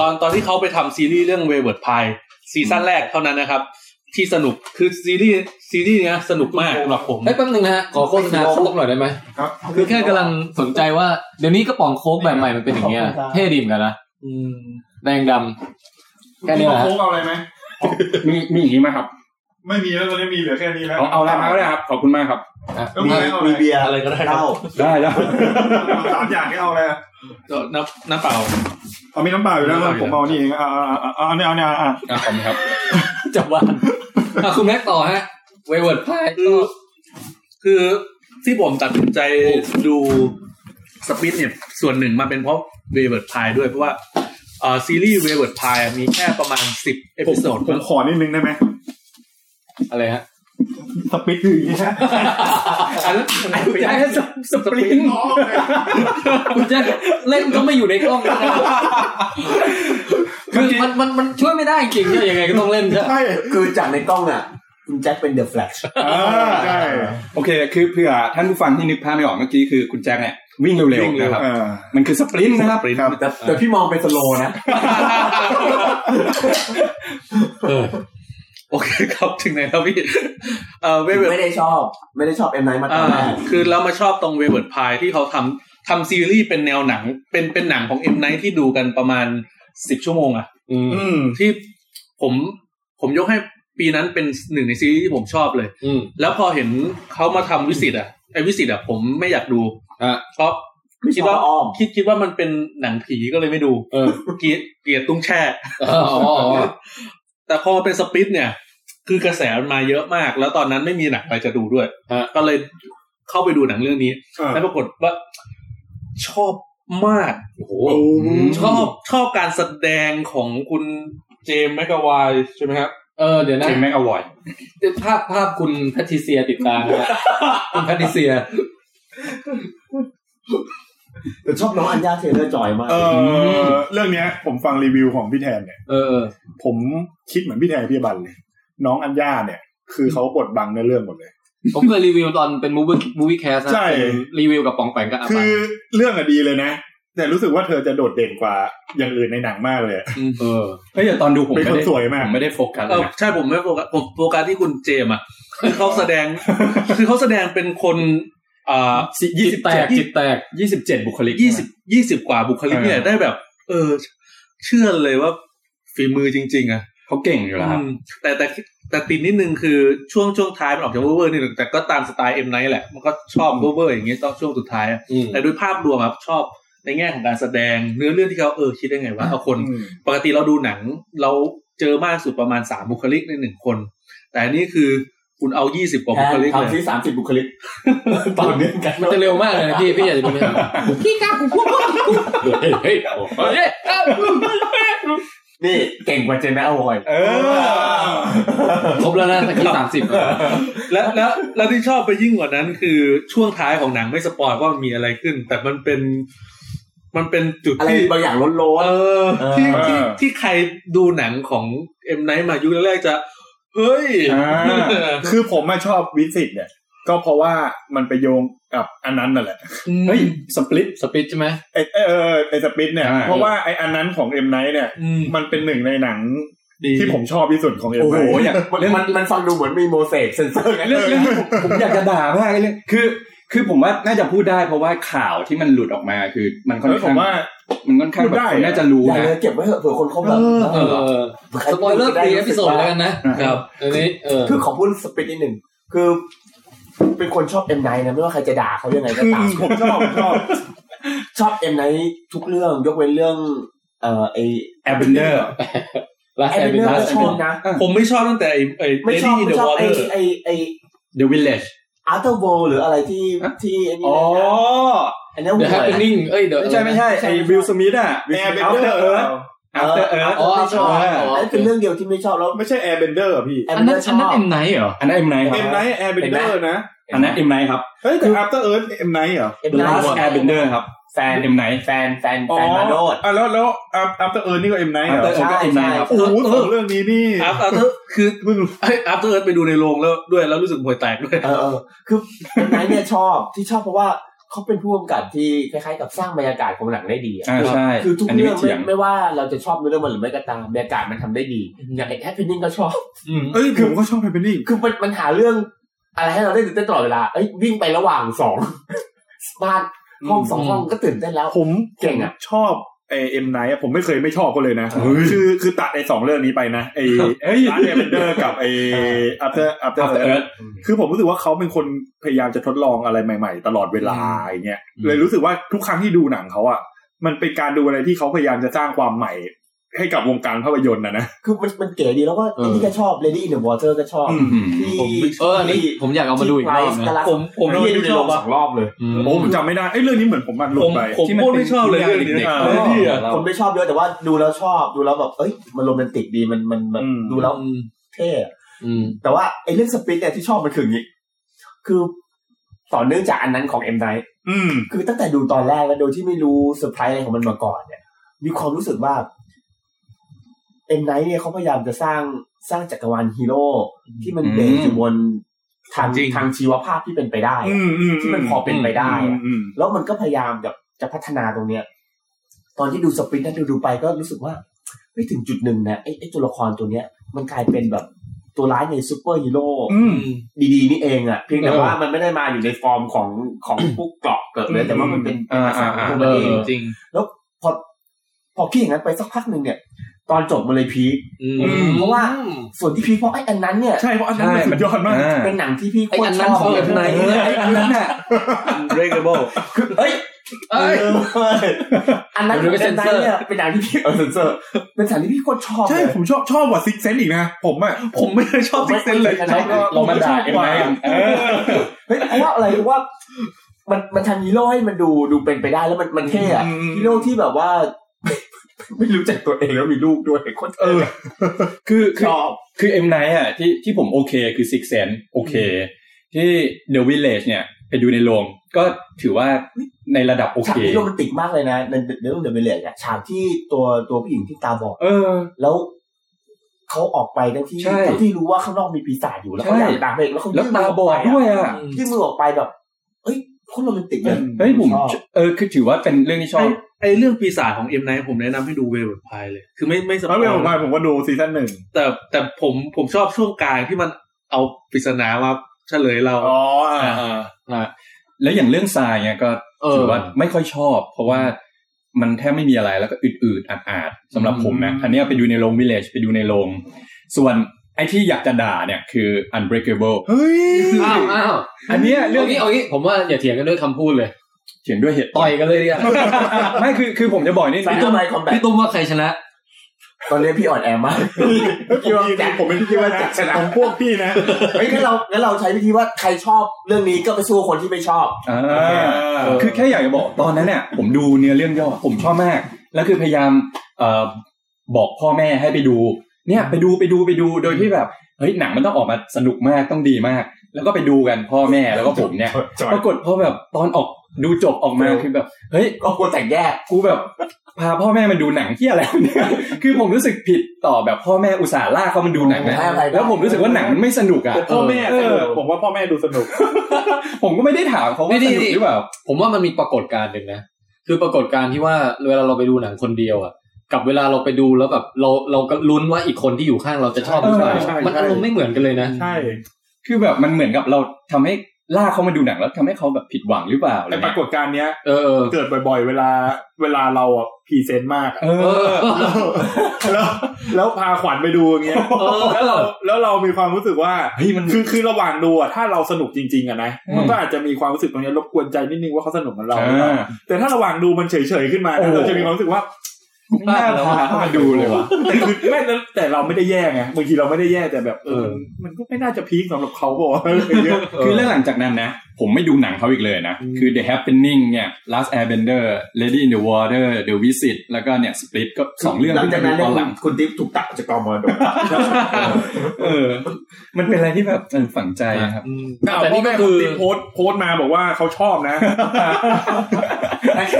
Speaker 3: ตอนตอนที่เขาไปทำซีรีส์เรื่องเวเวิร์ดพายซีซั่นแรกเท่านั้นนะครับ ที่สนุกคือซีรีส์ซีรีส์เนี้ยสนุกมากสำหรับผม
Speaker 1: เฮ้ยแป๊บนึงนะฮะ ขอโฆษณาโค้กหน่อยได้ไหม
Speaker 2: ครับ
Speaker 1: คือแค่กำลังสนใจว่า เดี๋ยวนี้กระป๋องโค้กแบบใหม่มันเป็นอย่างเงี้ย เท่ดีเหมือนกันนะแดงดำแค่นี้แหละฮะ
Speaker 2: โค้งเอาอะไรไหม
Speaker 7: มีมีอย่างนี้ไหมครับ
Speaker 2: ไม่มีแล้วตอนนี้มีเหลือแค่นี้แล้ว
Speaker 7: เอาเอาอะไรมาก็ได้ครับ ขอบคุณมากครับ
Speaker 1: อ่ะ
Speaker 2: ต้อง
Speaker 4: มี
Speaker 2: มาเอาอะไร
Speaker 4: มีเบียร์
Speaker 3: อะไรก็ได้ครั
Speaker 4: เห
Speaker 3: บ
Speaker 4: ล้า
Speaker 7: ได้แล้ว
Speaker 2: สามอย่างนี้เอาอะไรอะ
Speaker 3: ก็น้ำน้ำเปล่า
Speaker 2: เอามีน้ำเปล่าอยู่แล้วผมเอานี่เองเอาเอาเอาเอาเนี่ยเอาเนี่ยอ่ะ
Speaker 7: อ่ะขอบคุณครับ
Speaker 1: จะว่าอ่ะคุณแม็กต่อฮะ เวเวิร์ดพาย
Speaker 3: คือคือที่ผมตัดสินใจดูสปิทเนี่ยส่วนหนึ่งมาเป็นเพราะเวเวิร์ดพายด้วยเพราะว่าเอ่อซีรีส์เวเวิร์ดพายมีแค่ประมาณสิบเอพิโซด
Speaker 2: ผมขอนิดนึงได้ไหม
Speaker 1: อะไรฮะ
Speaker 2: สปิดคืออย่างนี้ฮะ
Speaker 1: อันนั้นคุณแจ็ค
Speaker 7: สปริง
Speaker 1: คุณแจ็คเล่นก็ไม่อยู่ในกล้องนะครับคือมันมันมันช่วยไม่ได้จริงๆยังไงก็ต้องเล่นใช่
Speaker 2: ใช่
Speaker 4: [laughs] คือจากในกล้องอ่ะ คุณแจ็คเป็นเดอะแฟลช
Speaker 2: อ่าใช่
Speaker 7: โอเค คือเผื่อท่านผู้ฟังที่นึกภาพไม่ออกเมื่อกี้คือคุณแจ็คเนี่ยวิ่งเร็วๆนะครับ
Speaker 2: อ่า
Speaker 7: มันคือสปรินต์นะครับ
Speaker 2: ครับ
Speaker 4: แต่แต่พี่มองเป็นสโลว์นะ
Speaker 3: [laughs] โอเคครับถึงไหนแล้วพี่เอ่อเวเวิร์ด
Speaker 4: ไม่ได้ชอบ ไม่ได้ชอบเอ็มไนมาต
Speaker 3: อ่า
Speaker 4: อนแรก
Speaker 3: คือเรามาชอบตรงเวเวิร์ดพายที่เขาทำทำซีรีส์เป็นแนวหนัง เป็นเป็นหนังของเอ็มไนที่ดูกันประมาณสิบชั่วโมงอะ
Speaker 2: อืม
Speaker 3: ที่ผมผมยกให้ปีนั้นเป็นหนึ่งในซีรีส์ที่ผมชอบเลย
Speaker 1: อืม
Speaker 3: แล้วพอเห็นเขามาทำวิสิตอะไอวิสิตอะผมไม่อยากดู
Speaker 1: ฮะ
Speaker 3: เพราะ
Speaker 4: ไม่ช
Speaker 3: คิด
Speaker 4: อบ
Speaker 3: ว่า
Speaker 4: อ้อม
Speaker 3: คิดคิดว่ามันเป็นหนังผีก็เลยไม่ดู
Speaker 1: เออ
Speaker 3: เกลียดเกลียดตุ้งแช่
Speaker 1: อ๋ออ๋ออ๋อ
Speaker 3: แต่พอเป็นสปิทเนี่ย คือกระแสมันมาเยอะมาก แล้วตอนนั้นไม่มีหนังอะไรจะดูด้วยก็เลยเข้าไปดูหนังเรื่องนี้
Speaker 2: อ่า
Speaker 3: แล้วปรากฏว่าชอบมาก
Speaker 1: โอ้โห
Speaker 2: โอ้
Speaker 3: ชอบชอบการแสดงของคุณเจมส์แมกกาวายใช่ไหมครับ
Speaker 1: เออเดี๋ยวนะ
Speaker 7: เจมแม็กอวอย
Speaker 1: ภาพภาพคุณแพทริเซียติดตาม [laughs] นะคุณแพทริเซีย
Speaker 4: แต่ชอบน้องอัญญาเทเลอร์จอยมาก
Speaker 2: เออเรื่องเนี้ย ผมฟังรีวิวของพี่แทนเนี่ย
Speaker 1: เออเออ
Speaker 2: ผมคิดเหมือนพี่แทนพี่บันเลย น้องอัญญาเนี่ย คือเขาบดบังในเรื่องหมดเลย
Speaker 1: ผมเคยรีวิวตอนเป็นมูวี่มูวี่แคสนะ
Speaker 2: ใช่
Speaker 1: เป็นรีวิวกับปองแปงกับอา
Speaker 2: คื
Speaker 1: บั
Speaker 2: อง เรื่องอะดีเลยนะ แต่รู้สึกว่าเธอจะโดดเด่นกว่าอย่างอื่นในหนังมากเลยอะ
Speaker 7: เออเฮ้ยแต่ตอนดูผม
Speaker 2: เป็นค
Speaker 7: ไม่
Speaker 2: น
Speaker 7: ได้
Speaker 2: สว
Speaker 7: ผม
Speaker 2: ยาก
Speaker 7: มไม่ได้โฟกัสเล
Speaker 3: เอยอ
Speaker 7: นะ
Speaker 3: ใช่ผมไม่โฟกัสผมโฟกัสที่คุณเจมส์อ่ะคือเขาแสด
Speaker 7: [laughs]
Speaker 3: ง คือเขาแสดงเป็นคนอ่า
Speaker 7: ยี่
Speaker 8: จิ
Speaker 7: สิ
Speaker 8: ต
Speaker 7: บ
Speaker 8: แต
Speaker 7: แปด
Speaker 8: กจิตแตก
Speaker 7: ยี่สิบเจ็ดบุคลิก
Speaker 3: ยี่สิบยี่สิบกว่าบุคลิกเนี่ย
Speaker 7: เออ
Speaker 3: ได้แบบ เออ เชื่อเลยว่าฝีมือจริง ๆ อ่ะ
Speaker 7: เขาเก่งอยู่แล้วครับ
Speaker 3: อืมแต่แต่แต่ติดนิดนึงคือช่วงช่วงท้ายมันออกจากเวอร์ๆนิดนึงแต่ก็ตามสไตล์เอ็มไนท์แหละ มันก็ชอบเวอร์ๆอย่างงี้ตอนช่วงสุดท้ายอะ
Speaker 8: อืม
Speaker 3: แต่ด้วยภาพรวมครับชอบในแง่ของการแสดงเนื้อเรื่องที่เขาเออคิดได้ไงว่าเอาคน ปกติเราดูหนังเราเจอมากสุดประมาณสามบุคลิกในหนึ่งคน แต่อันนี่คือคุณเอายี่สิบกว่าบุคลิกเล
Speaker 4: ทำซี
Speaker 3: ย
Speaker 4: สามสิบบุคลิก ต่อเนื่องกัน
Speaker 8: มันจะเร็วมากเลยนะพี่พี่อยากจะเป็นยังไงพี่ครับผมพูดว่าเฮ้ยเฮ้ยเฮ้ยเฮ้ยเอ้า
Speaker 4: นี่เก่งกว่าเจนแอลวอย
Speaker 2: เออ
Speaker 8: ครบแล้วนะตะกี้สามสิบ
Speaker 3: และแล้วแล้วที่ชอบไปยิ่งกว่านั้นคือช่วงท้ายของหนังไม่สปอยว่ามันมีอะไรขึ้น แต่มันเป็น มันเป็นจุด
Speaker 4: อะไร
Speaker 3: ที่
Speaker 4: บางอย่างล้นล้น
Speaker 3: เออที่
Speaker 2: เออ
Speaker 3: ที่ที่ใครดูหนังของเอ็มไนท์มายุคแรกๆจะ เฮ้ย
Speaker 2: คือผมมาชอบวิสิตเนี่ย ก็เพราะว่ามันไปโยงกับอันนั้นนั่นแหละ
Speaker 7: เฮ้ยสปลิต
Speaker 8: สปิดใช่ไหม
Speaker 2: ไอเออเออไอสปิดเนี่ย
Speaker 7: อ่า
Speaker 2: เพราะว่าไออันนั้นของเอ็มไนท์เนี่ย
Speaker 3: อืม
Speaker 2: มันเป็นหนึ่งในหนังที่ผมชอบที่สุดของเอ็ม
Speaker 7: โอ้
Speaker 2: ไน
Speaker 7: โห
Speaker 2: ท์
Speaker 7: อย่าง
Speaker 4: มัน
Speaker 7: เรื่อง
Speaker 4: มันมันฟังดูเหมือนมีโมเสกเซนเซอร์กัน
Speaker 7: เรื่องเรื่องที่ผมผมอยากจะด่ามากเลย คือ คือผมว่าน่าจะพูดได้เพราะว่าข่าวที่มันหลุดออกมาคือมันค่อน
Speaker 2: เออผ
Speaker 7: ข้าง
Speaker 2: มว่า
Speaker 7: มันค่อนข้าง
Speaker 2: พูด
Speaker 7: แบบ
Speaker 2: ได้
Speaker 7: คนน่าจะรู้
Speaker 4: อย่า
Speaker 7: นะ
Speaker 4: เลยเก็บไว้เถอะเผื่อคนเขาแบบ
Speaker 8: เออสปอยเลอร์ฟรีเอพิโซดแล้วกันนะ
Speaker 3: ค
Speaker 7: อ่ะ
Speaker 3: รับ
Speaker 8: อันนี้เออ
Speaker 4: คือขอพูดสปิดนิดหนึ่ง คือ เป็นคนชอบเอ็มไนนะไม่ว่าใครจะด่าเขายังไงก็
Speaker 2: อืม
Speaker 4: ตาม
Speaker 2: ผมชอบผมชอบ
Speaker 4: ชอบเอ็มไนทุกเรื่องยกเว้นเรื่อง เอ่อไอ
Speaker 7: แอร์เบนเดอร์
Speaker 8: ลาส
Speaker 4: แอ
Speaker 8: แอน น
Speaker 4: เด
Speaker 8: บิ
Speaker 4: อ
Speaker 8: ลั
Speaker 4: ร์
Speaker 8: ส
Speaker 4: ก็ชอบนะ
Speaker 3: ผมไม่ชอบตั้งแต่ไอ้ไอ้
Speaker 4: ไม่
Speaker 3: เด
Speaker 4: ชอบไม่
Speaker 3: ดี้เดอะ
Speaker 4: ชอบ
Speaker 3: วอ
Speaker 4: ไอ
Speaker 3: เตอร์
Speaker 4: ไอไอ
Speaker 7: The Village
Speaker 4: อาร์เธอร์โวหรืออะไรที่ที่ไอันนี้
Speaker 7: อ๋อ
Speaker 4: อันนี้
Speaker 8: เด
Speaker 4: ห่
Speaker 8: อะ
Speaker 4: ว
Speaker 8: แฮป
Speaker 4: ย
Speaker 8: ปี้นิ่งเอ้ยเดอะ
Speaker 7: ไม่ใช่ไม่ใช่ไอ้วิลสมิธอ่ะ
Speaker 2: แอร์เบน
Speaker 7: After
Speaker 2: เดอร์
Speaker 7: Earth After Earth
Speaker 8: อ๋อชอบ
Speaker 4: อันนั้นเป็นเรื่องเดียวที่ไม่ชอบแล้ว
Speaker 2: ไม่ใช่แอร์เบนเดอร์พี่
Speaker 4: แอม
Speaker 8: อัน
Speaker 4: เด
Speaker 8: นั้
Speaker 4: อน ร์ช
Speaker 8: อั
Speaker 4: อน
Speaker 8: นั้น
Speaker 4: บ
Speaker 8: เอ็มไนท์เหรอ
Speaker 7: อันนั้นเอ็มไนท์ค
Speaker 2: เอ็มไน
Speaker 7: รับ
Speaker 2: ท์แอร์เบน
Speaker 4: เห็น
Speaker 2: เด
Speaker 4: ไหม
Speaker 2: อร์นะ
Speaker 7: อันนั้นเอ็มไนท์ครับ
Speaker 2: เฮ้ยแต่ after earth เอ็มไนท์เหรอ
Speaker 4: เอ็ม
Speaker 7: The
Speaker 4: ไน
Speaker 7: Last Airbender ครับ
Speaker 4: แฟน
Speaker 7: เอ็มไนท์
Speaker 4: แฟนแฟน
Speaker 2: อ๋อ
Speaker 4: แฟนมาโนด
Speaker 2: อ่ะแล้วแล้ว after earth นี่ก็เอ็มไนท์เหรอ
Speaker 7: After Earth ก็เอ็มไนท์ครับ
Speaker 2: โอ้โหสองเรื่องนี้นี่
Speaker 3: อัพอัพเธอคือไอ้อัพเธอไปดูในโรงแล้วด้วยแล้วรู้สึกห่วยแตกด้วย
Speaker 4: เออเออคือเอ็มไนท์เนี่ยชอบที่ชอบเพราะว่าเขาเป็นผู้กำกับที่คล้ายๆกับสร้างบรรยากาศของหนังได้ดีอะ
Speaker 7: อ่าใช่
Speaker 4: คือทุก
Speaker 7: อันนี้
Speaker 4: เรื่องไม่
Speaker 7: ไม่เถียง
Speaker 4: ไม่ว่าเราจะชอบเรื่องมันหรือไม่ก็ตามบรรยากาศมันทำได้ดี อย่างแอปเปิลนิ่งก็ชอบ
Speaker 2: เอ้ยผมก็ชอบแอร์เบนเดอร์
Speaker 4: คือมันมันหาเรื่องอะไรให้เราได้ตื่นเต้นตลอดเวลาเอ้ยวิ่งไประหว่างสอง [laughs] บ้านห้องสองห้องก็ตื่นเต้นแล้ว
Speaker 2: ผม
Speaker 4: เก่งอะ
Speaker 2: ผมชอบไอเอ็มไนท์ผมไม่เคยไม่ชอบก็เลยนะ คือคือตัดไอสองเรื่องนี้ไปนะไอ
Speaker 7: เฮ้ย
Speaker 2: อาร์เอเบนเดอร์กับไออัพเตอร์อัพเตอ
Speaker 7: After
Speaker 2: ร์
Speaker 7: Earth
Speaker 2: คือผมรู้สึกว่าเขาเป็นคนพยายามจะทดลองอะไรใหม่ ๆ ตลอดเวลาอย่างเงี้ยเลยรู้สึกว่าทุกครั้งที่ดูหนังเขาอ่ะมันเป็นการดูอะไรที่เขาพยายามจะสร้างความใหม่ ให้กับวงการภาพยนตร์นะนะ
Speaker 4: คือมันมันเก๋ดีแล้วก็ไอ้นี่ก็ชอบ Lady in the Water ก็ชอบ
Speaker 2: อื
Speaker 7: อืม
Speaker 4: ที่
Speaker 3: ผมไม่ช
Speaker 8: เอออันนี้ผมอยากเอามาดูอีกรอบ
Speaker 4: ที่ Price
Speaker 8: นะ
Speaker 4: ก็รัก
Speaker 3: ผมผม
Speaker 4: ที่ดูในโรงสองรอบเลย
Speaker 8: อืม
Speaker 2: โอ้ผมจำไม่ได้เอ้ยเรื่องนี้เหมือนผมมันหลุ
Speaker 3: ผ
Speaker 2: ด
Speaker 3: ม
Speaker 2: ไป
Speaker 3: ผม
Speaker 7: ที่มัน
Speaker 3: โคตร
Speaker 7: เป็น
Speaker 3: ไม่ชอบเลยเรื่องนี้
Speaker 7: เด็กๆ
Speaker 3: เรื่องนี้อะ
Speaker 4: ผมไม่ชอบเยอะแต่ว่าดูแล้วชอบดูแล้วแบบเอ้ยมันโรแมนติกดีมันมันมัน
Speaker 2: อืม
Speaker 4: ดูแล้วเท่อะ
Speaker 8: อืม
Speaker 4: แต่ว่าไอ้เรื่องสปินเนี่ยที่ชอบมันคืออย่างนี้คือต่อเนื่องจากอันนั้นของเอ็มไน
Speaker 2: อืม
Speaker 4: คือตั้งแต่ดูตอนแรกแล้วโดยที่ไม่รู้เซอร์ไพรส์อะไรของมันมาก่อนเนี่ย มีความรู้สึกว่าเอ็มไนเนี่ยเขาพยายามจะสร้างสร้างจักรวาลฮีโร่ที่มันเบสอยู่บนทางทางชีวภาพที่เป็นไปได้
Speaker 2: อื
Speaker 4: อะ
Speaker 2: มอืม
Speaker 4: ที่มันพอเป็นไปได้อะ
Speaker 2: อืม
Speaker 4: แล้วมันก็พยายามแบบจะพัฒนาตรงเนี้ย ตอนที่ดูสปรินท์นั้นดูดูๆไปก็รู้สึกว่าไม่ถึงจุดหนึ่งนะไอ้ไอ้ตัวละครตัวเนี้ย มันกลายเป็นแบบตัวร้ายในซูเปอร์ฮีโร่
Speaker 2: อืม
Speaker 4: ดีๆนี่เองอะเพียงแต่ว่ามันไม่ได้มาอยู่ในฟอร์มของของพวกเกราะเกิดเลยแต่ว่ามันเป็นเป็นภาษาของตัวมันเอง
Speaker 3: จริง
Speaker 4: พอพอคิดอย่างนั้นไปสักพักหนึ่งเนี่ย ตอนจบมันเลยพีค
Speaker 2: ม
Speaker 4: เพราะว่าส่วนที่พีคเพราะไอ้อันนั้นเนี่ย
Speaker 2: ใช่เพราะอันนั้นมัน
Speaker 7: ใช่
Speaker 2: สุดยอดมาก
Speaker 7: า
Speaker 4: เป็นหนังที่พี่โค
Speaker 8: ไอ
Speaker 4: ต
Speaker 8: อั
Speaker 4: ร
Speaker 8: น
Speaker 4: ช
Speaker 8: นั้น
Speaker 4: อบ
Speaker 8: ของ
Speaker 4: เล
Speaker 8: เอ็
Speaker 4: ย
Speaker 8: มไนท์เนี่ย
Speaker 7: ไอ้อันนั้นน่ะ
Speaker 3: breakable
Speaker 4: คือเอ้ย
Speaker 8: เอ้ย
Speaker 4: เอออันนั้น
Speaker 8: เดี๋ยวดู
Speaker 4: เป็
Speaker 8: ไป
Speaker 4: น
Speaker 8: เซ็
Speaker 4: เซน
Speaker 8: นเซ
Speaker 4: เซอ
Speaker 8: อร์
Speaker 4: ร์เนี่ยเป็นอย่างที่พี่เออเซนเซอร์ เป็นสารที่พี่โคตรชอบเล
Speaker 2: ใช่
Speaker 4: ย
Speaker 2: ผมชอบชอบกว่าซิกเซนอีกนะ ผมอ่ะ
Speaker 3: ผมไม่เคยชอบซิกเซนเลย
Speaker 4: ไม่ไม่ไม่
Speaker 7: เรามาด่าเอ็มไนท์กันเออ
Speaker 4: เฮ้ยเพราะว่าอะไรเพราะว่า มันมันทำฮีโร่ให้มันดูดูเป็นไปได้แล้วมันมันเท่อะ
Speaker 2: อืม
Speaker 4: ฮีโร่ที่แบบว่า [laughs] ไม่รู้จักตัวเองแล้วมีลูกด้วยโคตรเออ
Speaker 7: คือคื
Speaker 4: ช
Speaker 7: อ
Speaker 4: อบ
Speaker 7: คือเอ็มไนท์อ่ะที่ที่ผมโอเคคือ Six Sense โอเค ที่ The Village เนี่ย ไปดูในโรงก็ถือว่าในระดับโอ
Speaker 4: ฉา
Speaker 7: เค
Speaker 4: กนี้โรแมนติกมากเลยนะในเรื่องเดอะเบลเลตอะฉากที่ตัวตัวผู้หญิงที่ตาบอด
Speaker 7: เออ
Speaker 4: แล้วเขาออกไปทั้งที่
Speaker 7: ใช่
Speaker 4: ทั้งที่รู้ว่าข้างนอกมีปีศาจอยู่แล้วเขา
Speaker 7: ใช่
Speaker 4: อยากดังเพลงแล้วเขา
Speaker 7: แล้ว
Speaker 4: ยื่นมื
Speaker 7: ตา
Speaker 4: อออก
Speaker 7: บอ
Speaker 4: ไป
Speaker 7: ด
Speaker 4: อะ
Speaker 7: ด้วยอ่ะ
Speaker 4: ยื่นมือออกไปแบบ เอ้ยโคตรโรแมนติกเลย
Speaker 7: เฮ้ยผม
Speaker 4: ชอบ
Speaker 7: เออคือถือว่าเป็นเรื่องที่ชอบ
Speaker 3: ไอ้ ไอเรื่องปีศาจของเอ็มไนผมแนะนำให้ดูเวลพายเลย คือไม่ไม่สป
Speaker 2: แล้ว
Speaker 3: อ
Speaker 2: ย เรื่องของมายผมก็ดูซีซั่นหนึ่ง
Speaker 3: แต่แต่ผมผมชอบช่วงกลางที่มันเอาปริศนามาเฉลยเรา
Speaker 2: อ๋ออ่ะ
Speaker 3: า
Speaker 7: แล้วอย่างเรื่องทรายเนี่ยก็
Speaker 1: เออ
Speaker 7: ถือว่าไม่ค่อยชอบ เพราะว่ามันแทบไม่มีอะไรแล้วก็อืดๆอัดๆสำหรับผมนะอันเนี้ยไปดูในโรงวิลเลจไปดูในโรงส่วนไอ้ที่อยากจะด่าเนี่ยคือ unbreakable
Speaker 2: เฮ้ย
Speaker 1: อ้าวอ้าว
Speaker 7: อันเนี้ยเรื่
Speaker 1: เรื่
Speaker 7: อ
Speaker 1: อง งนี้เอางี้ผมว่าอย่าเถียงกันด้วยคำพูดเลย
Speaker 7: เขียนด้วยเหตุ [laughs] ผล
Speaker 1: ต่อยกันเลยดีกว่า
Speaker 7: ไม่คือคือผมจะบอกนี่
Speaker 4: สายท
Speaker 7: พี่ตุ้ม
Speaker 4: นายคอมแบท
Speaker 1: พี่ตุ้มว่าใครชนะ
Speaker 4: ตอนนี้พี่อ่อนแอมาก
Speaker 2: ผมยืนยันผมเป็นพี่ว่าจัดชนะผมพวกพี่นะ
Speaker 4: เฮ้ยงั้นเรางั้นเราใช้วิธีว่าใครชอบเรื่องนี้ก็ไปสู้คนที่ไม่ชอบ
Speaker 7: อ่าคือแค่อยากจะบอกตอนนั้นเนี่ยผมดูเนื้อเรื่องย่อผมชอบมาก แล้วคือพยายามเอ่อบอกพ่อแม่ให้ไปดู เนี่ยไปดูไปดูไปดูโดยที่แบบเฮ้ยหนังมันต้องออกมาสนุกมากต้องดีมาก แล้วก็ไปดูกันพ่อแม่แล้วก็ผมเนี่ย ปรากฏพอแบบตอนออกดูจบออกมา
Speaker 4: เออ
Speaker 7: คือแบบ เฮ้ย
Speaker 4: ก็ควรแตกแยก
Speaker 7: กูแบบ พาพ่อแม่มาดูหนังที่อะไร [laughs] วะเนี่ย คือผมรู้สึกผิดต่อแบบพ่อแม่อุตส่าห์ลากเขามันดูหนังนะ
Speaker 4: ให้อภัย
Speaker 7: แล้วผมรู้สึกว่าหนังมันไม่สนุกอ่ะ
Speaker 2: แต่พ่อแม่
Speaker 7: เอ
Speaker 2: ส
Speaker 7: อ
Speaker 2: นุกผมว่าพ่อแม่ดูสนุก
Speaker 7: ผมก็ไม่ได้ถามเขาว่า
Speaker 1: นี่
Speaker 7: ส
Speaker 1: นี่
Speaker 7: นุก
Speaker 1: นี่
Speaker 7: หรือเปล่า
Speaker 1: ผมว่ามันมีปรากฏการณ์หนึ่งนะ คือปรากฏการณ์ที่ว่าเวลาเราไปดูหนังคนเดียวอ่ะ กับเวลาเราไปดูแล้วแบบเราเราก็ลุ้นว่าอีกคนที่อยู่ข้างเราจะชอบหรือเปล่า
Speaker 2: ใช่ใช่ใช่
Speaker 1: มันอารมณ์ไม่เหมือนกันเลยนะ
Speaker 2: ใช่
Speaker 7: คือแบบมันเหมือนกับเราทำให้ลากเขามาดูหนังแล้วทำให้เขาแบบผิดหวังหรือเปล่าอะไร
Speaker 2: ไอป
Speaker 7: เงี้
Speaker 2: รายกฏการณ์เนี้ย
Speaker 1: เออเออ
Speaker 2: เกิดบ่อยๆ เวลาเวลาเราอ่ะพรีเซนต์มากอะ
Speaker 7: เอ
Speaker 1: เอ
Speaker 7: อ
Speaker 1: อ
Speaker 2: แล้วแล้วพาขวัญไปดูอย่างเงี้ย
Speaker 1: เออ
Speaker 2: แล้วเราแล้วเรามีความรู้สึกว่า
Speaker 7: เฮ้ยมัน
Speaker 2: คือคือระหว่างดูอ่ะถ้าเราสนุกจริงๆอ่ะนะ
Speaker 7: อืม
Speaker 2: มันก็อาจจะมีความรู้สึกตรงเนี้ยรบกวนใจนิดนึงว่าเขาสนุกเหมือนเราหรือเปล่า
Speaker 7: อ่า
Speaker 2: แต่ถ้าระหว่างดูมันเฉยๆขึ้นมานะ
Speaker 7: โอ้
Speaker 2: เราจะมีความรู้สึกว่า
Speaker 7: หน้าพาเขามาดูเลยว่ะ
Speaker 2: แต่คือแม่แล้วแต่เราไม่ได้แย่ไงบางทีเราไม่ได้แย่แต่แบบเออมันมันก็ไม่น่าจะพีคสำหรับเขาบอกว่าวะอะไรอย่างเงี้ย
Speaker 7: คือแล้วหลังจากนั้นนะ ผมไม่ดูหนังเขาอีกเลยนะ คือ The Happening เนี่ย Last Airbender Lady in the Water The Visit แล้วก็เนี่ย Split ก็สองเรื่อง
Speaker 4: หลังจากนั้น
Speaker 7: ที่
Speaker 4: เนี่ย
Speaker 7: ตอนห
Speaker 4: คุณ
Speaker 7: ลัง
Speaker 4: คุณติ๊บถูกตัดจากกองมรดก
Speaker 7: เออ มันเป็นอะไรที่แบบเออฝังใจนะครับ
Speaker 2: อ้าว
Speaker 1: แต่นี่
Speaker 2: พ่อแม่
Speaker 1: ก็คือ
Speaker 2: ผมติดโพสต์โพสต์มาบอกว่าเขาชอบนะ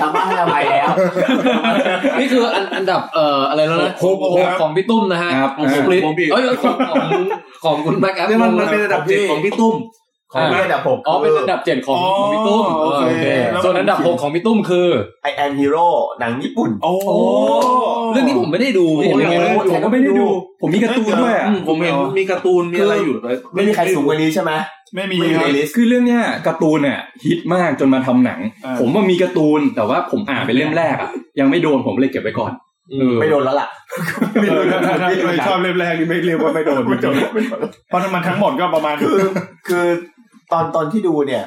Speaker 4: สามารถให้อภัยแล้ว
Speaker 1: นี่คืออันอันดับเอ่ออะไรแล้วนะ
Speaker 2: หกหก
Speaker 1: ห
Speaker 2: ค
Speaker 1: ก
Speaker 2: รับ
Speaker 1: ของพี่ตุ้มนะฮะ
Speaker 7: ครับ
Speaker 1: ของสปลิต
Speaker 3: หกพี่
Speaker 1: เอ้ยของของของคุณแบ็กแอป
Speaker 3: เรียกว่ามันเป็นระดับเจ็ดของพี่ตุ้ม
Speaker 4: ของพี่ระดับผม
Speaker 1: อ๋อเป็นอันดับเจ็ดของ
Speaker 2: อ๋อ
Speaker 1: ของพี่ตุ้ม
Speaker 2: โอเค
Speaker 1: โอเค
Speaker 2: แล้ว
Speaker 1: ส่วนอันดับหกของพี่ตุ้มคือ
Speaker 4: ไอแอมฮีโร่หนังญี่ปุ่น
Speaker 2: โอ้โห
Speaker 1: เรื่องนี้ผมไม่ได้ดู
Speaker 3: โอ้
Speaker 1: เห็น
Speaker 3: ย
Speaker 1: ยังไงไม่รู้
Speaker 7: ผมก็ไม่ได้ดู ผมมีการ์ตูนด้วยอะ
Speaker 3: อืมผมเห็นมีการ์ตูนมีอะไรอยู่เลย
Speaker 4: ไม่มีใครสูงกว่านี้ใช่ไหม
Speaker 2: ไม่มี
Speaker 4: ไม่มี
Speaker 2: ค
Speaker 4: ใน
Speaker 2: รับ
Speaker 4: ลิสต์
Speaker 7: คือเรื่องเนี้ยการ์ตูนเนี่ยฮิตมากจนมาทำหนัง
Speaker 2: อ่า
Speaker 7: ผมว่ามีการ์ตูนแต่ว่าผมอ่านไปเล่มแรกอ่ะ ยังไม่โดนผมเลยเก็บไว้ก่อนเออ
Speaker 4: ไม่โดนแล้วล่ะ
Speaker 2: ไม่โดนถ้าถ้าถ้าไม่ชอบเล่มแรกนี่ไม่เรียกว่าไม่โดนไม่โดนเพราะมันทั้งหมดก็ประมาณ
Speaker 4: คือคือตอนตอนที่ดูเนี่ย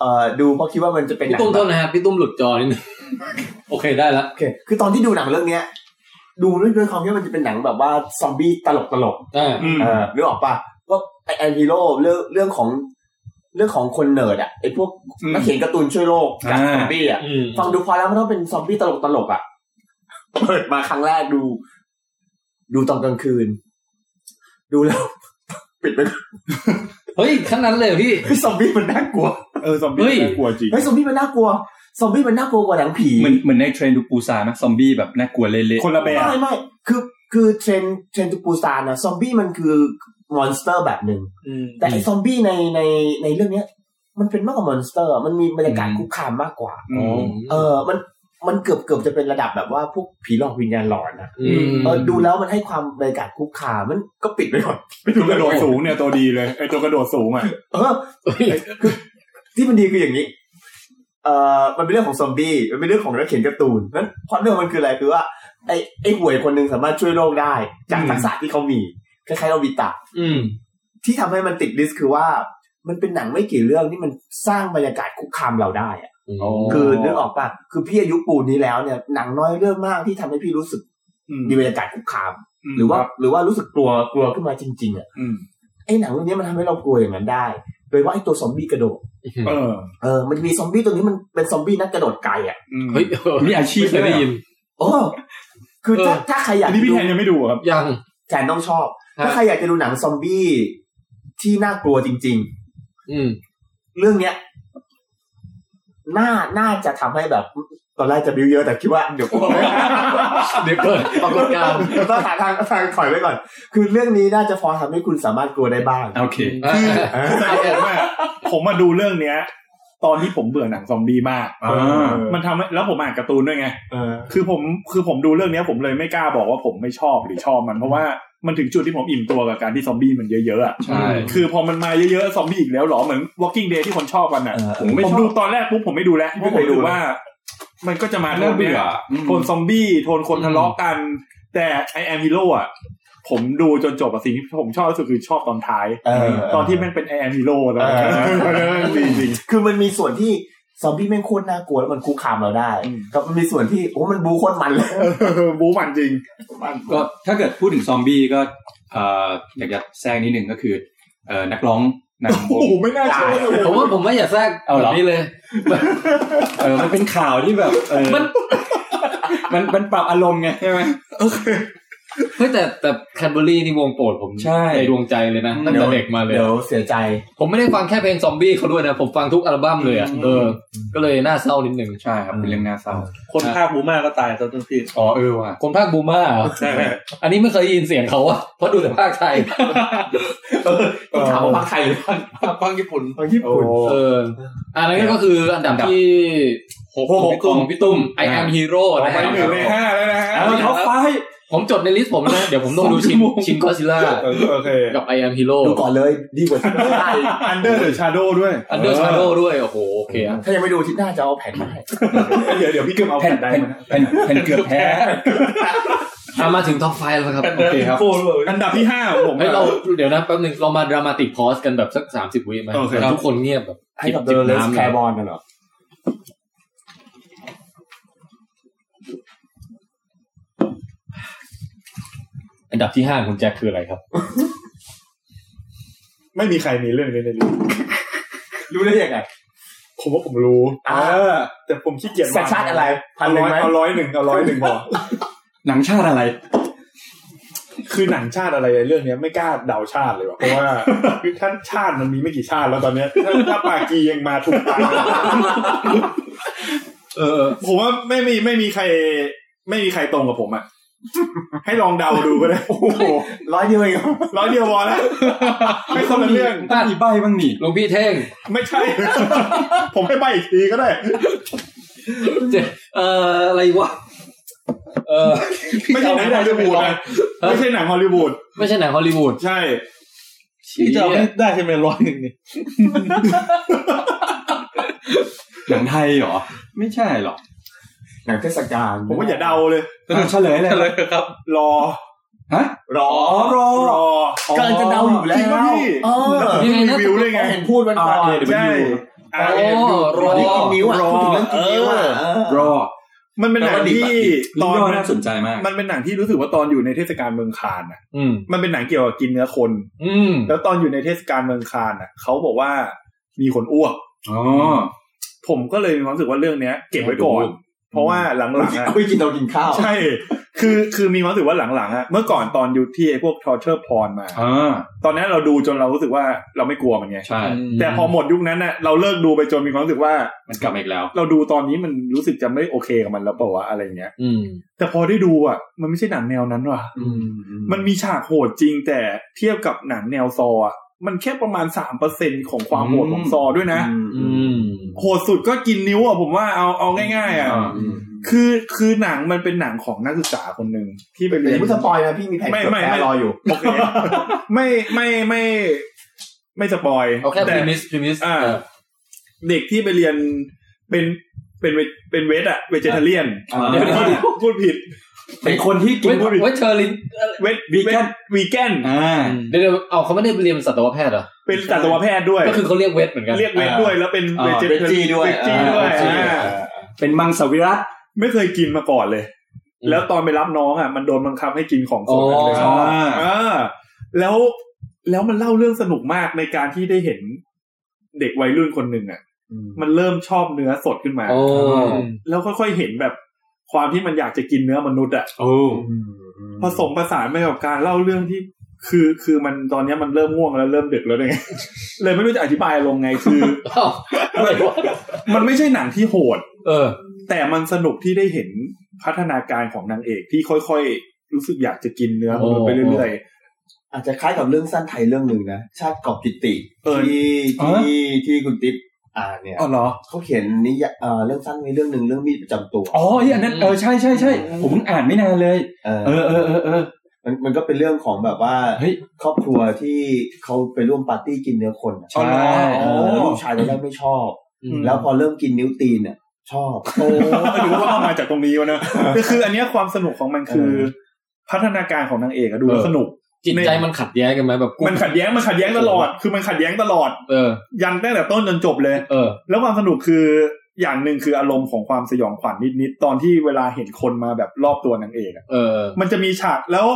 Speaker 4: เอ่อดูเพราะคิดว่ามันจะเป็นห
Speaker 1: พี่
Speaker 4: นั
Speaker 1: ตุ้ม
Speaker 4: ง
Speaker 1: โทษนะฮะพี่ตุ้มหลุดจอนิดนึง [laughs] โอเคได้ละ
Speaker 4: โอเคคือตอนที่ดูหนังเรื่องเนี้ย ดูด้วยด้วยความที่ว่ามันจะเป็นหนังแบบว่าซอมบี้ตลกตลก
Speaker 1: อ่า
Speaker 2: อืม
Speaker 4: เออนึกออกปะก็ไอแอนฮีโร่เรื่องเรื่องของเรื่องของคนเนิร์ดอะไอพวก
Speaker 2: อืม
Speaker 4: นักเขียนการ์ตูนช่วยโลกกับซอมบี้อะ
Speaker 1: อืม
Speaker 4: ฟังดูพอแล้วมันต้องเป็นซอมบี้ตลกตลกๆอ่ะ เปิดมาครั้งแรกดู ดูตอนกลางคืน ดูแล้ว [laughs] ปิดไปก่อน
Speaker 1: เฮ้ยขั้นนั้นเลยเหรอพี่
Speaker 4: เฮ้ยซอมบี้มันน่ากลัว
Speaker 2: เออซอม
Speaker 1: เฮ้
Speaker 2: บี้
Speaker 1: ย
Speaker 2: น่ากลัวจริง
Speaker 4: เฮ้ยซอมบี้มันน่ากลัวซอมบี้มันน่ากลัวกว่าหนังผี
Speaker 7: เหมือนเหมือนในเทรนดูปูซานนะซอมบี้แบบน่ากลัวเละ
Speaker 2: คนละแบบ
Speaker 4: ไม่ไม่คือคือเทรนเทรนทูปูซานนะซอมบี้มันคือมอนสเตอร์แบบหนึ่งแต่ไอ้ซอมบี้ในในในเรื่องเนี้ย มันเป็นมากกว่ามอนสเตอร์อะมันมีบรรยากาศคุกคามมากกว่า
Speaker 7: ๆอ๋อ
Speaker 4: เออ มันมันเกือบเกือบจะเป็นระดับแบบว่าพวกผีหลอกวิญญาณหลอนอะ
Speaker 1: อืม
Speaker 4: เออดูแล้วมันให้ความบรรยากาศคุกคามมันก็ปิดไปก่อน
Speaker 2: ไอ้ตัวกระโดดสูงเนี่ยตัวดีเลยไอตัวกระโดดสูงอ่ะ
Speaker 4: เออคือที่มันดีคืออย่างนี้ เอ่อมันเป็นเรื่องของซอมบี้มันเป็นเรื่องของนักเขียนการ์ตูนนั้นพล็อตเรื่องมันคืออะไรคือว่าไอ้ไอ้ห่วยคนหนึ่งสามารถช่วยโลกได้ จากทักษะที่เขามีคล้ายๆโนบิตะ
Speaker 1: อืม
Speaker 4: ที่ทำให้มันติดลิสต์คือว่า มันเป็นหนังไม่กี่เรื่องที่มันสร้างบรรยากาศคุกคามเราได้อะคือนึกออกปะคือพี่อายุปูนนี้แล้วเนี่ยหนังน้อยเรื่องมากที่ทำให้พี่รู้สึก
Speaker 2: อืม
Speaker 4: มีบรรยากาศคุกคาม หรือว่า หรือว่ารู้สึกกลัวกลัวขึ้นมาจริงๆอะ
Speaker 2: อืม
Speaker 4: ไอ้หนังเรื่องนี้มันทำให้เรากลัวอย่างนั้นได้ โดยว่าไอ้ตัวซอมบี้กระโดด
Speaker 2: เออ
Speaker 4: เออ มันมีซอมบี้ตัวนี้มันเป็นซอมบี้นักกระโดดไกลอ่ะ
Speaker 2: อืม
Speaker 1: เฮ้ยเออ
Speaker 7: มีอาชีพ
Speaker 1: ไม่เคย
Speaker 7: เล
Speaker 1: ได้
Speaker 7: ย
Speaker 1: ยิน
Speaker 4: โอ้คือถ้า
Speaker 1: เออ
Speaker 4: ถ้าใครอยา
Speaker 2: อั
Speaker 4: ก
Speaker 2: นนี้พี่
Speaker 4: ดู
Speaker 2: แทนยังไม่ดูอะครับ
Speaker 1: ยัง
Speaker 4: แทนต้องชอบ
Speaker 1: ฮะ
Speaker 4: ถ้าใครอยากจะดูหนังซอมบี้ที่น่ากลัวจริง
Speaker 1: อืม
Speaker 4: ๆ เรื่องเนี้ยน่าน่าจะทำให้แบบ ตอนแรกจะบิวเยอะแต่คิดว่าเดี๋ยวกลัวไม่
Speaker 1: เดี๋ยวเกิดปรากฏการณ์
Speaker 4: ต้องหาทางทางถอยไว้ก่อน คือเรื่องนี้น่าจะพอทำให้คุณสามารถกลัวได้บ้าง
Speaker 7: โอเค
Speaker 2: คือ ผมมาดูเรื่องเนี้ย ตอนที่ผมเบื่อหนังซอมบี้มาก
Speaker 7: อ่า
Speaker 2: มันทำให้แล้วผมอ่านการ์ตูนด้วยไง
Speaker 4: เออ
Speaker 2: คือผมคือผมดูเรื่องเนี้ยผมเลยไม่กล้าบอกว่าผมไม่ชอบหรือชอบมันเพราะว่ามันถึงจุดที่ผมอิ่มตัวกับการที่ซอมบี้มันเยอะๆอ่ะ
Speaker 7: ใช่
Speaker 2: คือพอมันมาเยอะๆซอมบี้อีกแล้วเหรอเหมือน Walking Dead ที่คนชอบกันอ่ะ
Speaker 4: เออ
Speaker 7: ผมไม่
Speaker 2: ผม
Speaker 7: ชอ
Speaker 2: ดู
Speaker 7: บ
Speaker 2: ตอนแรกปุ๊บผมไม่ดูแล้วเพราะผมรู้สึกว่า มันก็จะมาโท
Speaker 7: น่าน เบื่
Speaker 2: เนี้
Speaker 7: อยอืม
Speaker 2: โทนซอมบี้โทนคนทะเลาะกัน แต่ไอแอมฮีโร่อ่ะผมดูจนจบอะสิ่งที่ผมชอบที่สุดคือชอบตอนท้าย
Speaker 4: เออ
Speaker 2: ตอนที่แม่งเป็นแอมฮีโร่แล้ว
Speaker 4: เออ
Speaker 2: จริงจริง
Speaker 4: คือมันมีส่วนที่ซอมบี้แม่งโคตรน่ากลัวแล้วมันคุกคามเราได้
Speaker 2: อืม
Speaker 4: กับมันมีส่วนที่โอ้มันบูโคตรมันเลย
Speaker 2: ๆเออบู๊มันจริง
Speaker 7: ก็ถ้าเกิดพูดถึงซอมบี้ก็เอ่ออยากจะแทรกนิดนึงก็คือเอ่อนักร้องนำว
Speaker 2: โอ้
Speaker 7: ง
Speaker 2: โหไม่น่าเชื่อว่าอยู่
Speaker 1: ผมว่าผมไม่อยากแทรก
Speaker 7: เอาเหรอ
Speaker 1: แบบนี้เลย
Speaker 7: เออมันเป็นข่าวที่แบบเออ
Speaker 1: มัน
Speaker 7: มันมันปรับอารมณ์ไงใช่ไหม
Speaker 1: เฮ้ยแต่แต่แคนเบอรี่นี่วงโปรดผม
Speaker 7: ใช่
Speaker 1: ในดวงใจเลยนะ
Speaker 7: อืม
Speaker 1: ตั้งแต่เด็กมาเลย
Speaker 4: เดี๋ยวเสียใจ
Speaker 1: ผมไม่ได้ฟังแค่เพลงซอมบี้เขาด้วยนะ ผมฟังทุกอัลบั้มเลยอ่ะเออ ก็เลยน่าเศร้านิดหนึ่ง
Speaker 7: ใช่ครับเป็นเรื่องน่าเศร้า
Speaker 3: คนภาคบูมาก็ตายตอนทั้งที
Speaker 7: อ๋อเออว่ะ
Speaker 1: คนภาคบูมาเหรอ
Speaker 3: ใช่ไหม
Speaker 1: อันนี้ไม่เคยได้ยินเสียงเขาอะเพราะดูแต่ภาคไทย
Speaker 4: ต้องถามว่าภาคไทยหรือภาค
Speaker 3: ภาคญี่ปุ่น
Speaker 4: ภาคญี่ปุ่น
Speaker 1: เอออันนั้นก็คืออันดับที่หกของพี่ตุ้มพี่ตุ้ม I am hero นะ
Speaker 2: ไป
Speaker 1: ฮะ
Speaker 2: หนึ่งในห้าแล้วนะฮะ
Speaker 7: เอาท็อปไฟว์
Speaker 1: ผมจดในลิสต์ผมนะ เดี๋ยวผมต้องดูชิงชิงกอซิล่า
Speaker 2: เออโอเค
Speaker 1: กับ I am hero
Speaker 4: ดูก่อนเลยดีกว่าที่ไม่ได้
Speaker 2: Under the Shadow ด้วย
Speaker 1: อันเดอร์ชาโดด้วย โอ้โห โอเคอะ
Speaker 4: ถ้ายังไม่ดูอาทิตย์หน้าจะเอาแผ่นมาให้
Speaker 2: เดี๋ยวเดี๋ยวพี่เกมเอา
Speaker 7: แผ่
Speaker 2: แผ่
Speaker 7: น
Speaker 2: นได้
Speaker 7: แผ่น
Speaker 2: มานะ
Speaker 7: แผ่นแผ่นเกือบแพ้
Speaker 1: อ่ะมาถึงท็อปไฟล์แล้วครับ โอเคครับ
Speaker 2: อันดับที่ห้าของผม
Speaker 1: เฮ้ย
Speaker 2: อะ
Speaker 1: เราเดี๋ยวนะแป๊บหนึงเรามาดรามาติกพอสกันแบบสักสามสิบวิไหม
Speaker 2: โอเค
Speaker 1: แบบทุกคนเงียบแบบ
Speaker 4: ให้กับเดอะเลสแคร์บอลนั่นเหรอ
Speaker 1: อันดับที่ห้าของคุณแจ็คคืออะไรครับ
Speaker 2: ไม่มีใครมีเรื่องนี้ในรู้
Speaker 4: รู้ได้ยังไง
Speaker 2: ผมว่าผมรู้
Speaker 4: อ่า
Speaker 2: แต่ผมขี้เกียจ
Speaker 4: สัญชาติอะไรพั
Speaker 2: เอา
Speaker 4: นหนึ่
Speaker 2: ร้อย
Speaker 4: งไหม
Speaker 2: เอาร้อยหนึ่งเอาร้อยหนึ่งพอ
Speaker 7: หนังชาติอะไร
Speaker 2: คือหนังชาติอะไรเรื่องเนี้ยไม่กล้าเดาชาติเลยว่ะเพราะว่าคือท่านชาติมันมีไม่กี่ชาติแล้วตอนเนี้ยถ้าถ้าปากียังมาถูกตาง
Speaker 1: เออ
Speaker 2: ผมว่าไม่มีไม่มีใคร ไม่มีใครตรงกับผมอ่ะให้ลองเดาดูก็ได้โอ้โห
Speaker 4: ร้อยเดียวเองเหรอ
Speaker 2: ร้อยเดียวพอแล้วไม่คนละเรื่อง
Speaker 7: บ้านอีใบบ้างนี่
Speaker 1: หลวงพี่เท่ง
Speaker 2: ไม่ใช่ ผมให้ใบอีกทีก็ได้
Speaker 1: เจเอ่ออะไรวะ เออ
Speaker 2: ไม่ใช่หนังฮอลลีวูดนะไม่ใช่หนังฮอลลีวูด
Speaker 1: ไม่ใช่หนังฮอลลีวูด
Speaker 2: ใช่
Speaker 3: ที่จะเอาให้ได้ใช่ไหมร้อยหนึ่งนี่
Speaker 7: หนังไทยเหรอ ไม่ใช่หรอก
Speaker 4: หนังเทศกาล
Speaker 2: ผมว่าอย่าเดาเลย
Speaker 7: เออเฉลยเลย
Speaker 3: เฉลยครับ
Speaker 2: รอ
Speaker 7: ฮะ
Speaker 4: รอ
Speaker 7: อ๋อรอ
Speaker 2: รอก
Speaker 4: ำลังจะเดาอยู่แล้ว
Speaker 2: จริงป่ะพี่
Speaker 4: เออ
Speaker 2: แล้วผมดูรีวิวด้วยไง
Speaker 4: เห็นพูดวันก่อน
Speaker 2: ใช่
Speaker 1: โอ้รอ
Speaker 4: รอที่กินนิ้วอ่ะ
Speaker 2: รอ
Speaker 4: พูดถึงเรื่องกินนิ้วอ่ะเออ
Speaker 7: รอ
Speaker 2: มันเป็นหนังที่
Speaker 7: ต
Speaker 2: ต
Speaker 7: อ
Speaker 2: อน น
Speaker 7: น่าสนใจมาก
Speaker 2: มันเป็นหนังที่รู้สึกว่าตอนอยู่ในเทศกาลเมืองคานน่ะ
Speaker 1: อืม
Speaker 2: มันเป็นหนังเกี่ยวกับกินเนื้อคน
Speaker 1: อืม
Speaker 2: แล้วตอนอยู่ในเทศกาลเมืองคานน่ะเขาบอกว่ามีคนอ้วก
Speaker 7: อ๋อ
Speaker 2: ผมก็เลยมีความรู้สึกว่าเรื่องเนี้ย เก็บไว้ก่อน
Speaker 7: อืม
Speaker 2: เพราะว่าหลังๆอะ
Speaker 4: เอาไปกินเรากินข้าว
Speaker 2: ใช่ คือ คือมีความรู้สึกว่าหลังๆอะเมื่อก่อนตอนอยู่ที่ไอ้พวก torture porn มา
Speaker 7: อ่า
Speaker 2: ตอนนั้นเราดูจนเรารู้สึกว่าเราไม่กลัวมันไง
Speaker 7: ใช่
Speaker 2: แต่พอหมดยุคนั้นน่ะเราเลิกดูไปจนมีความรู้สึกว่า
Speaker 7: มันกลับมาอีกแล้ว
Speaker 2: เราดูตอนนี้มันรู้สึกจะไม่โอเคกับมันแล้วเปล่าวะอะไรเงี้ย
Speaker 1: อืม
Speaker 2: แต่พอได้ดูอ่ะ มันไม่ใช่หนังแนวนั้นว่ะ
Speaker 4: อืมอืม
Speaker 2: มันมีฉากโหดจริงแต่เทียบกับหนังแนวซออ่ะ มันแค่ประมาณสามเปอร์เซ็นของความโหดของซอด้วยนะ
Speaker 4: อื
Speaker 1: อื
Speaker 4: ม
Speaker 1: ม
Speaker 2: โหดสุดก็กินนิ้วอ่ะผมว่าเอาเอาง่าย ๆอ่ะ
Speaker 7: อ่า
Speaker 4: อืม
Speaker 2: คือ คือหนังมันเป็นหนังของนักศึกษาคนหนึ่งที่ไป
Speaker 4: แต่
Speaker 2: เรี
Speaker 4: อย ย่าน เพิ่งสปอยนะพี่มีแผ่น
Speaker 2: ไม่
Speaker 4: จด
Speaker 2: ไม่
Speaker 4: แพ้
Speaker 2: ไม่
Speaker 4: รออยู่
Speaker 2: โอเค ไม่ไม่ไม่ไม่สปอย
Speaker 1: เอาแค่
Speaker 2: แต่
Speaker 1: พิมิสพิมิส
Speaker 2: อ่า เด็กที่ไปเรียนเป็นเป็นเวเป็นเวทอะเวเจเทเรียน
Speaker 7: อ่า
Speaker 2: เดี๋ยวเดี๋ยวเดี๋ยวพูดผิด
Speaker 7: เป็นคนที่กิน
Speaker 1: เว้ยเชอร์ลิน
Speaker 2: เวท
Speaker 7: วีแกน
Speaker 2: วีแกน
Speaker 7: อ่า
Speaker 1: เดี๋ยวๆเอาเขาไม่ได้เรียนสัตวแพทย์เหรอ
Speaker 2: เป็นสัตวแพทย์ด้วย
Speaker 1: ก็คือเขาเรียกเวทเหมือนกัน
Speaker 2: เรียกเวทด้วยแล้วเป็น
Speaker 7: อ่า
Speaker 2: เวเจ
Speaker 4: เวจี้ด้วย
Speaker 2: เวจีด้วย
Speaker 7: เออเออ
Speaker 2: อ่า
Speaker 7: เป็นมังสวิรัต
Speaker 2: ไม่เคยกินมาก่อนเลย
Speaker 1: อืม
Speaker 2: แล้วตอนไปรับน้องอะมันโดนบังคับให้กินของสด
Speaker 1: อ๋อ
Speaker 2: เลย
Speaker 7: อ่า
Speaker 2: อ่าแล้วแล้วมันเล่าเรื่องสนุกมากในการที่ได้เห็นเด็กวัยรุ่นคนหนึ่งอะ มันเริ่มชอบเนื้อสดขึ้นมา
Speaker 1: โอ้
Speaker 2: แล้วค่อยๆเห็นแบบความที่มันอยากจะกินเนื้อมนุษย์อะ
Speaker 7: โอ้
Speaker 2: ผสมผสานไปกับการเล่าเรื่องที่ คือคือมันตอนเนี้ยมันเริ่มง่วงแล้วเริ่มดึกแล้วเนี่ย [laughs] เลยไม่รู้จะอธิบายลงไงคือ [laughs]
Speaker 1: เอ้าไม่วะ
Speaker 2: มันไม่ใช่หนังที่โหด
Speaker 1: เออ
Speaker 2: แต่มันสนุกที่ได้เห็นพัฒนาการของนางเอกที่ค่อยๆ รู้สึกอยากจะกินเนื้อมนุษย์ไปเรื่อย
Speaker 4: อาจจะคล้ายกับเรื่องสั้นไทยเรื่องหนึ่งนะ ชาติกอบกิตติ
Speaker 2: ๆเออ
Speaker 4: ที่
Speaker 7: อ๋อ
Speaker 4: ที่ที่คุณติ๊บ อ่าเนี่ย
Speaker 7: อ๋อเหรอ
Speaker 4: เขาเขียนนิยายเอ่อเรื่องสั้นไว้เรื่องหนึ่งเรื่องมีดประจำตัว
Speaker 7: อ๋อไอ้อันนั้นเออใช่ใช่ใช่ผมเพิ่งอ่านไม่นานเลย
Speaker 4: เออ
Speaker 7: เออเออเออเออ
Speaker 4: มันมันก็เป็นเรื่องของแบบว่า
Speaker 7: เฮ้ย
Speaker 4: ครอบครัวที่เขาไปร่วมปาร์ตี้กินเนื้อคนอะ
Speaker 7: ใช่
Speaker 4: เออแล้วลูกชายตอนแรกไม่ชอบ แล้วพอเริ่มกินนิ้วตีนเนี่ยชอบ
Speaker 2: โอ้ดูว่าเอามาจากตรงนี้วะเน [laughs] อะก็คืออันเนี้ยความสนุกของมันคือ พัฒนาการของนางเอกอะดูแล้วสนุก
Speaker 1: จิตใจมันขัดแย้งกันไหมแบบกู
Speaker 2: มันขัดแย้งมันขัดแย้งตลอด คือมันขัดแย้งตลอด
Speaker 1: เออ
Speaker 2: ยันตั้งแต่ต้นจนจบเลย
Speaker 1: เออ
Speaker 2: แล้วความสนุกคืออย่างหนึ่งคืออารมณ์ของความสยองขวัญนิดๆตอนที่เวลาเห็นคนมาแบบรอบตัวนางเอกอะ
Speaker 1: เออ
Speaker 2: มันจะมีฉากแล้ว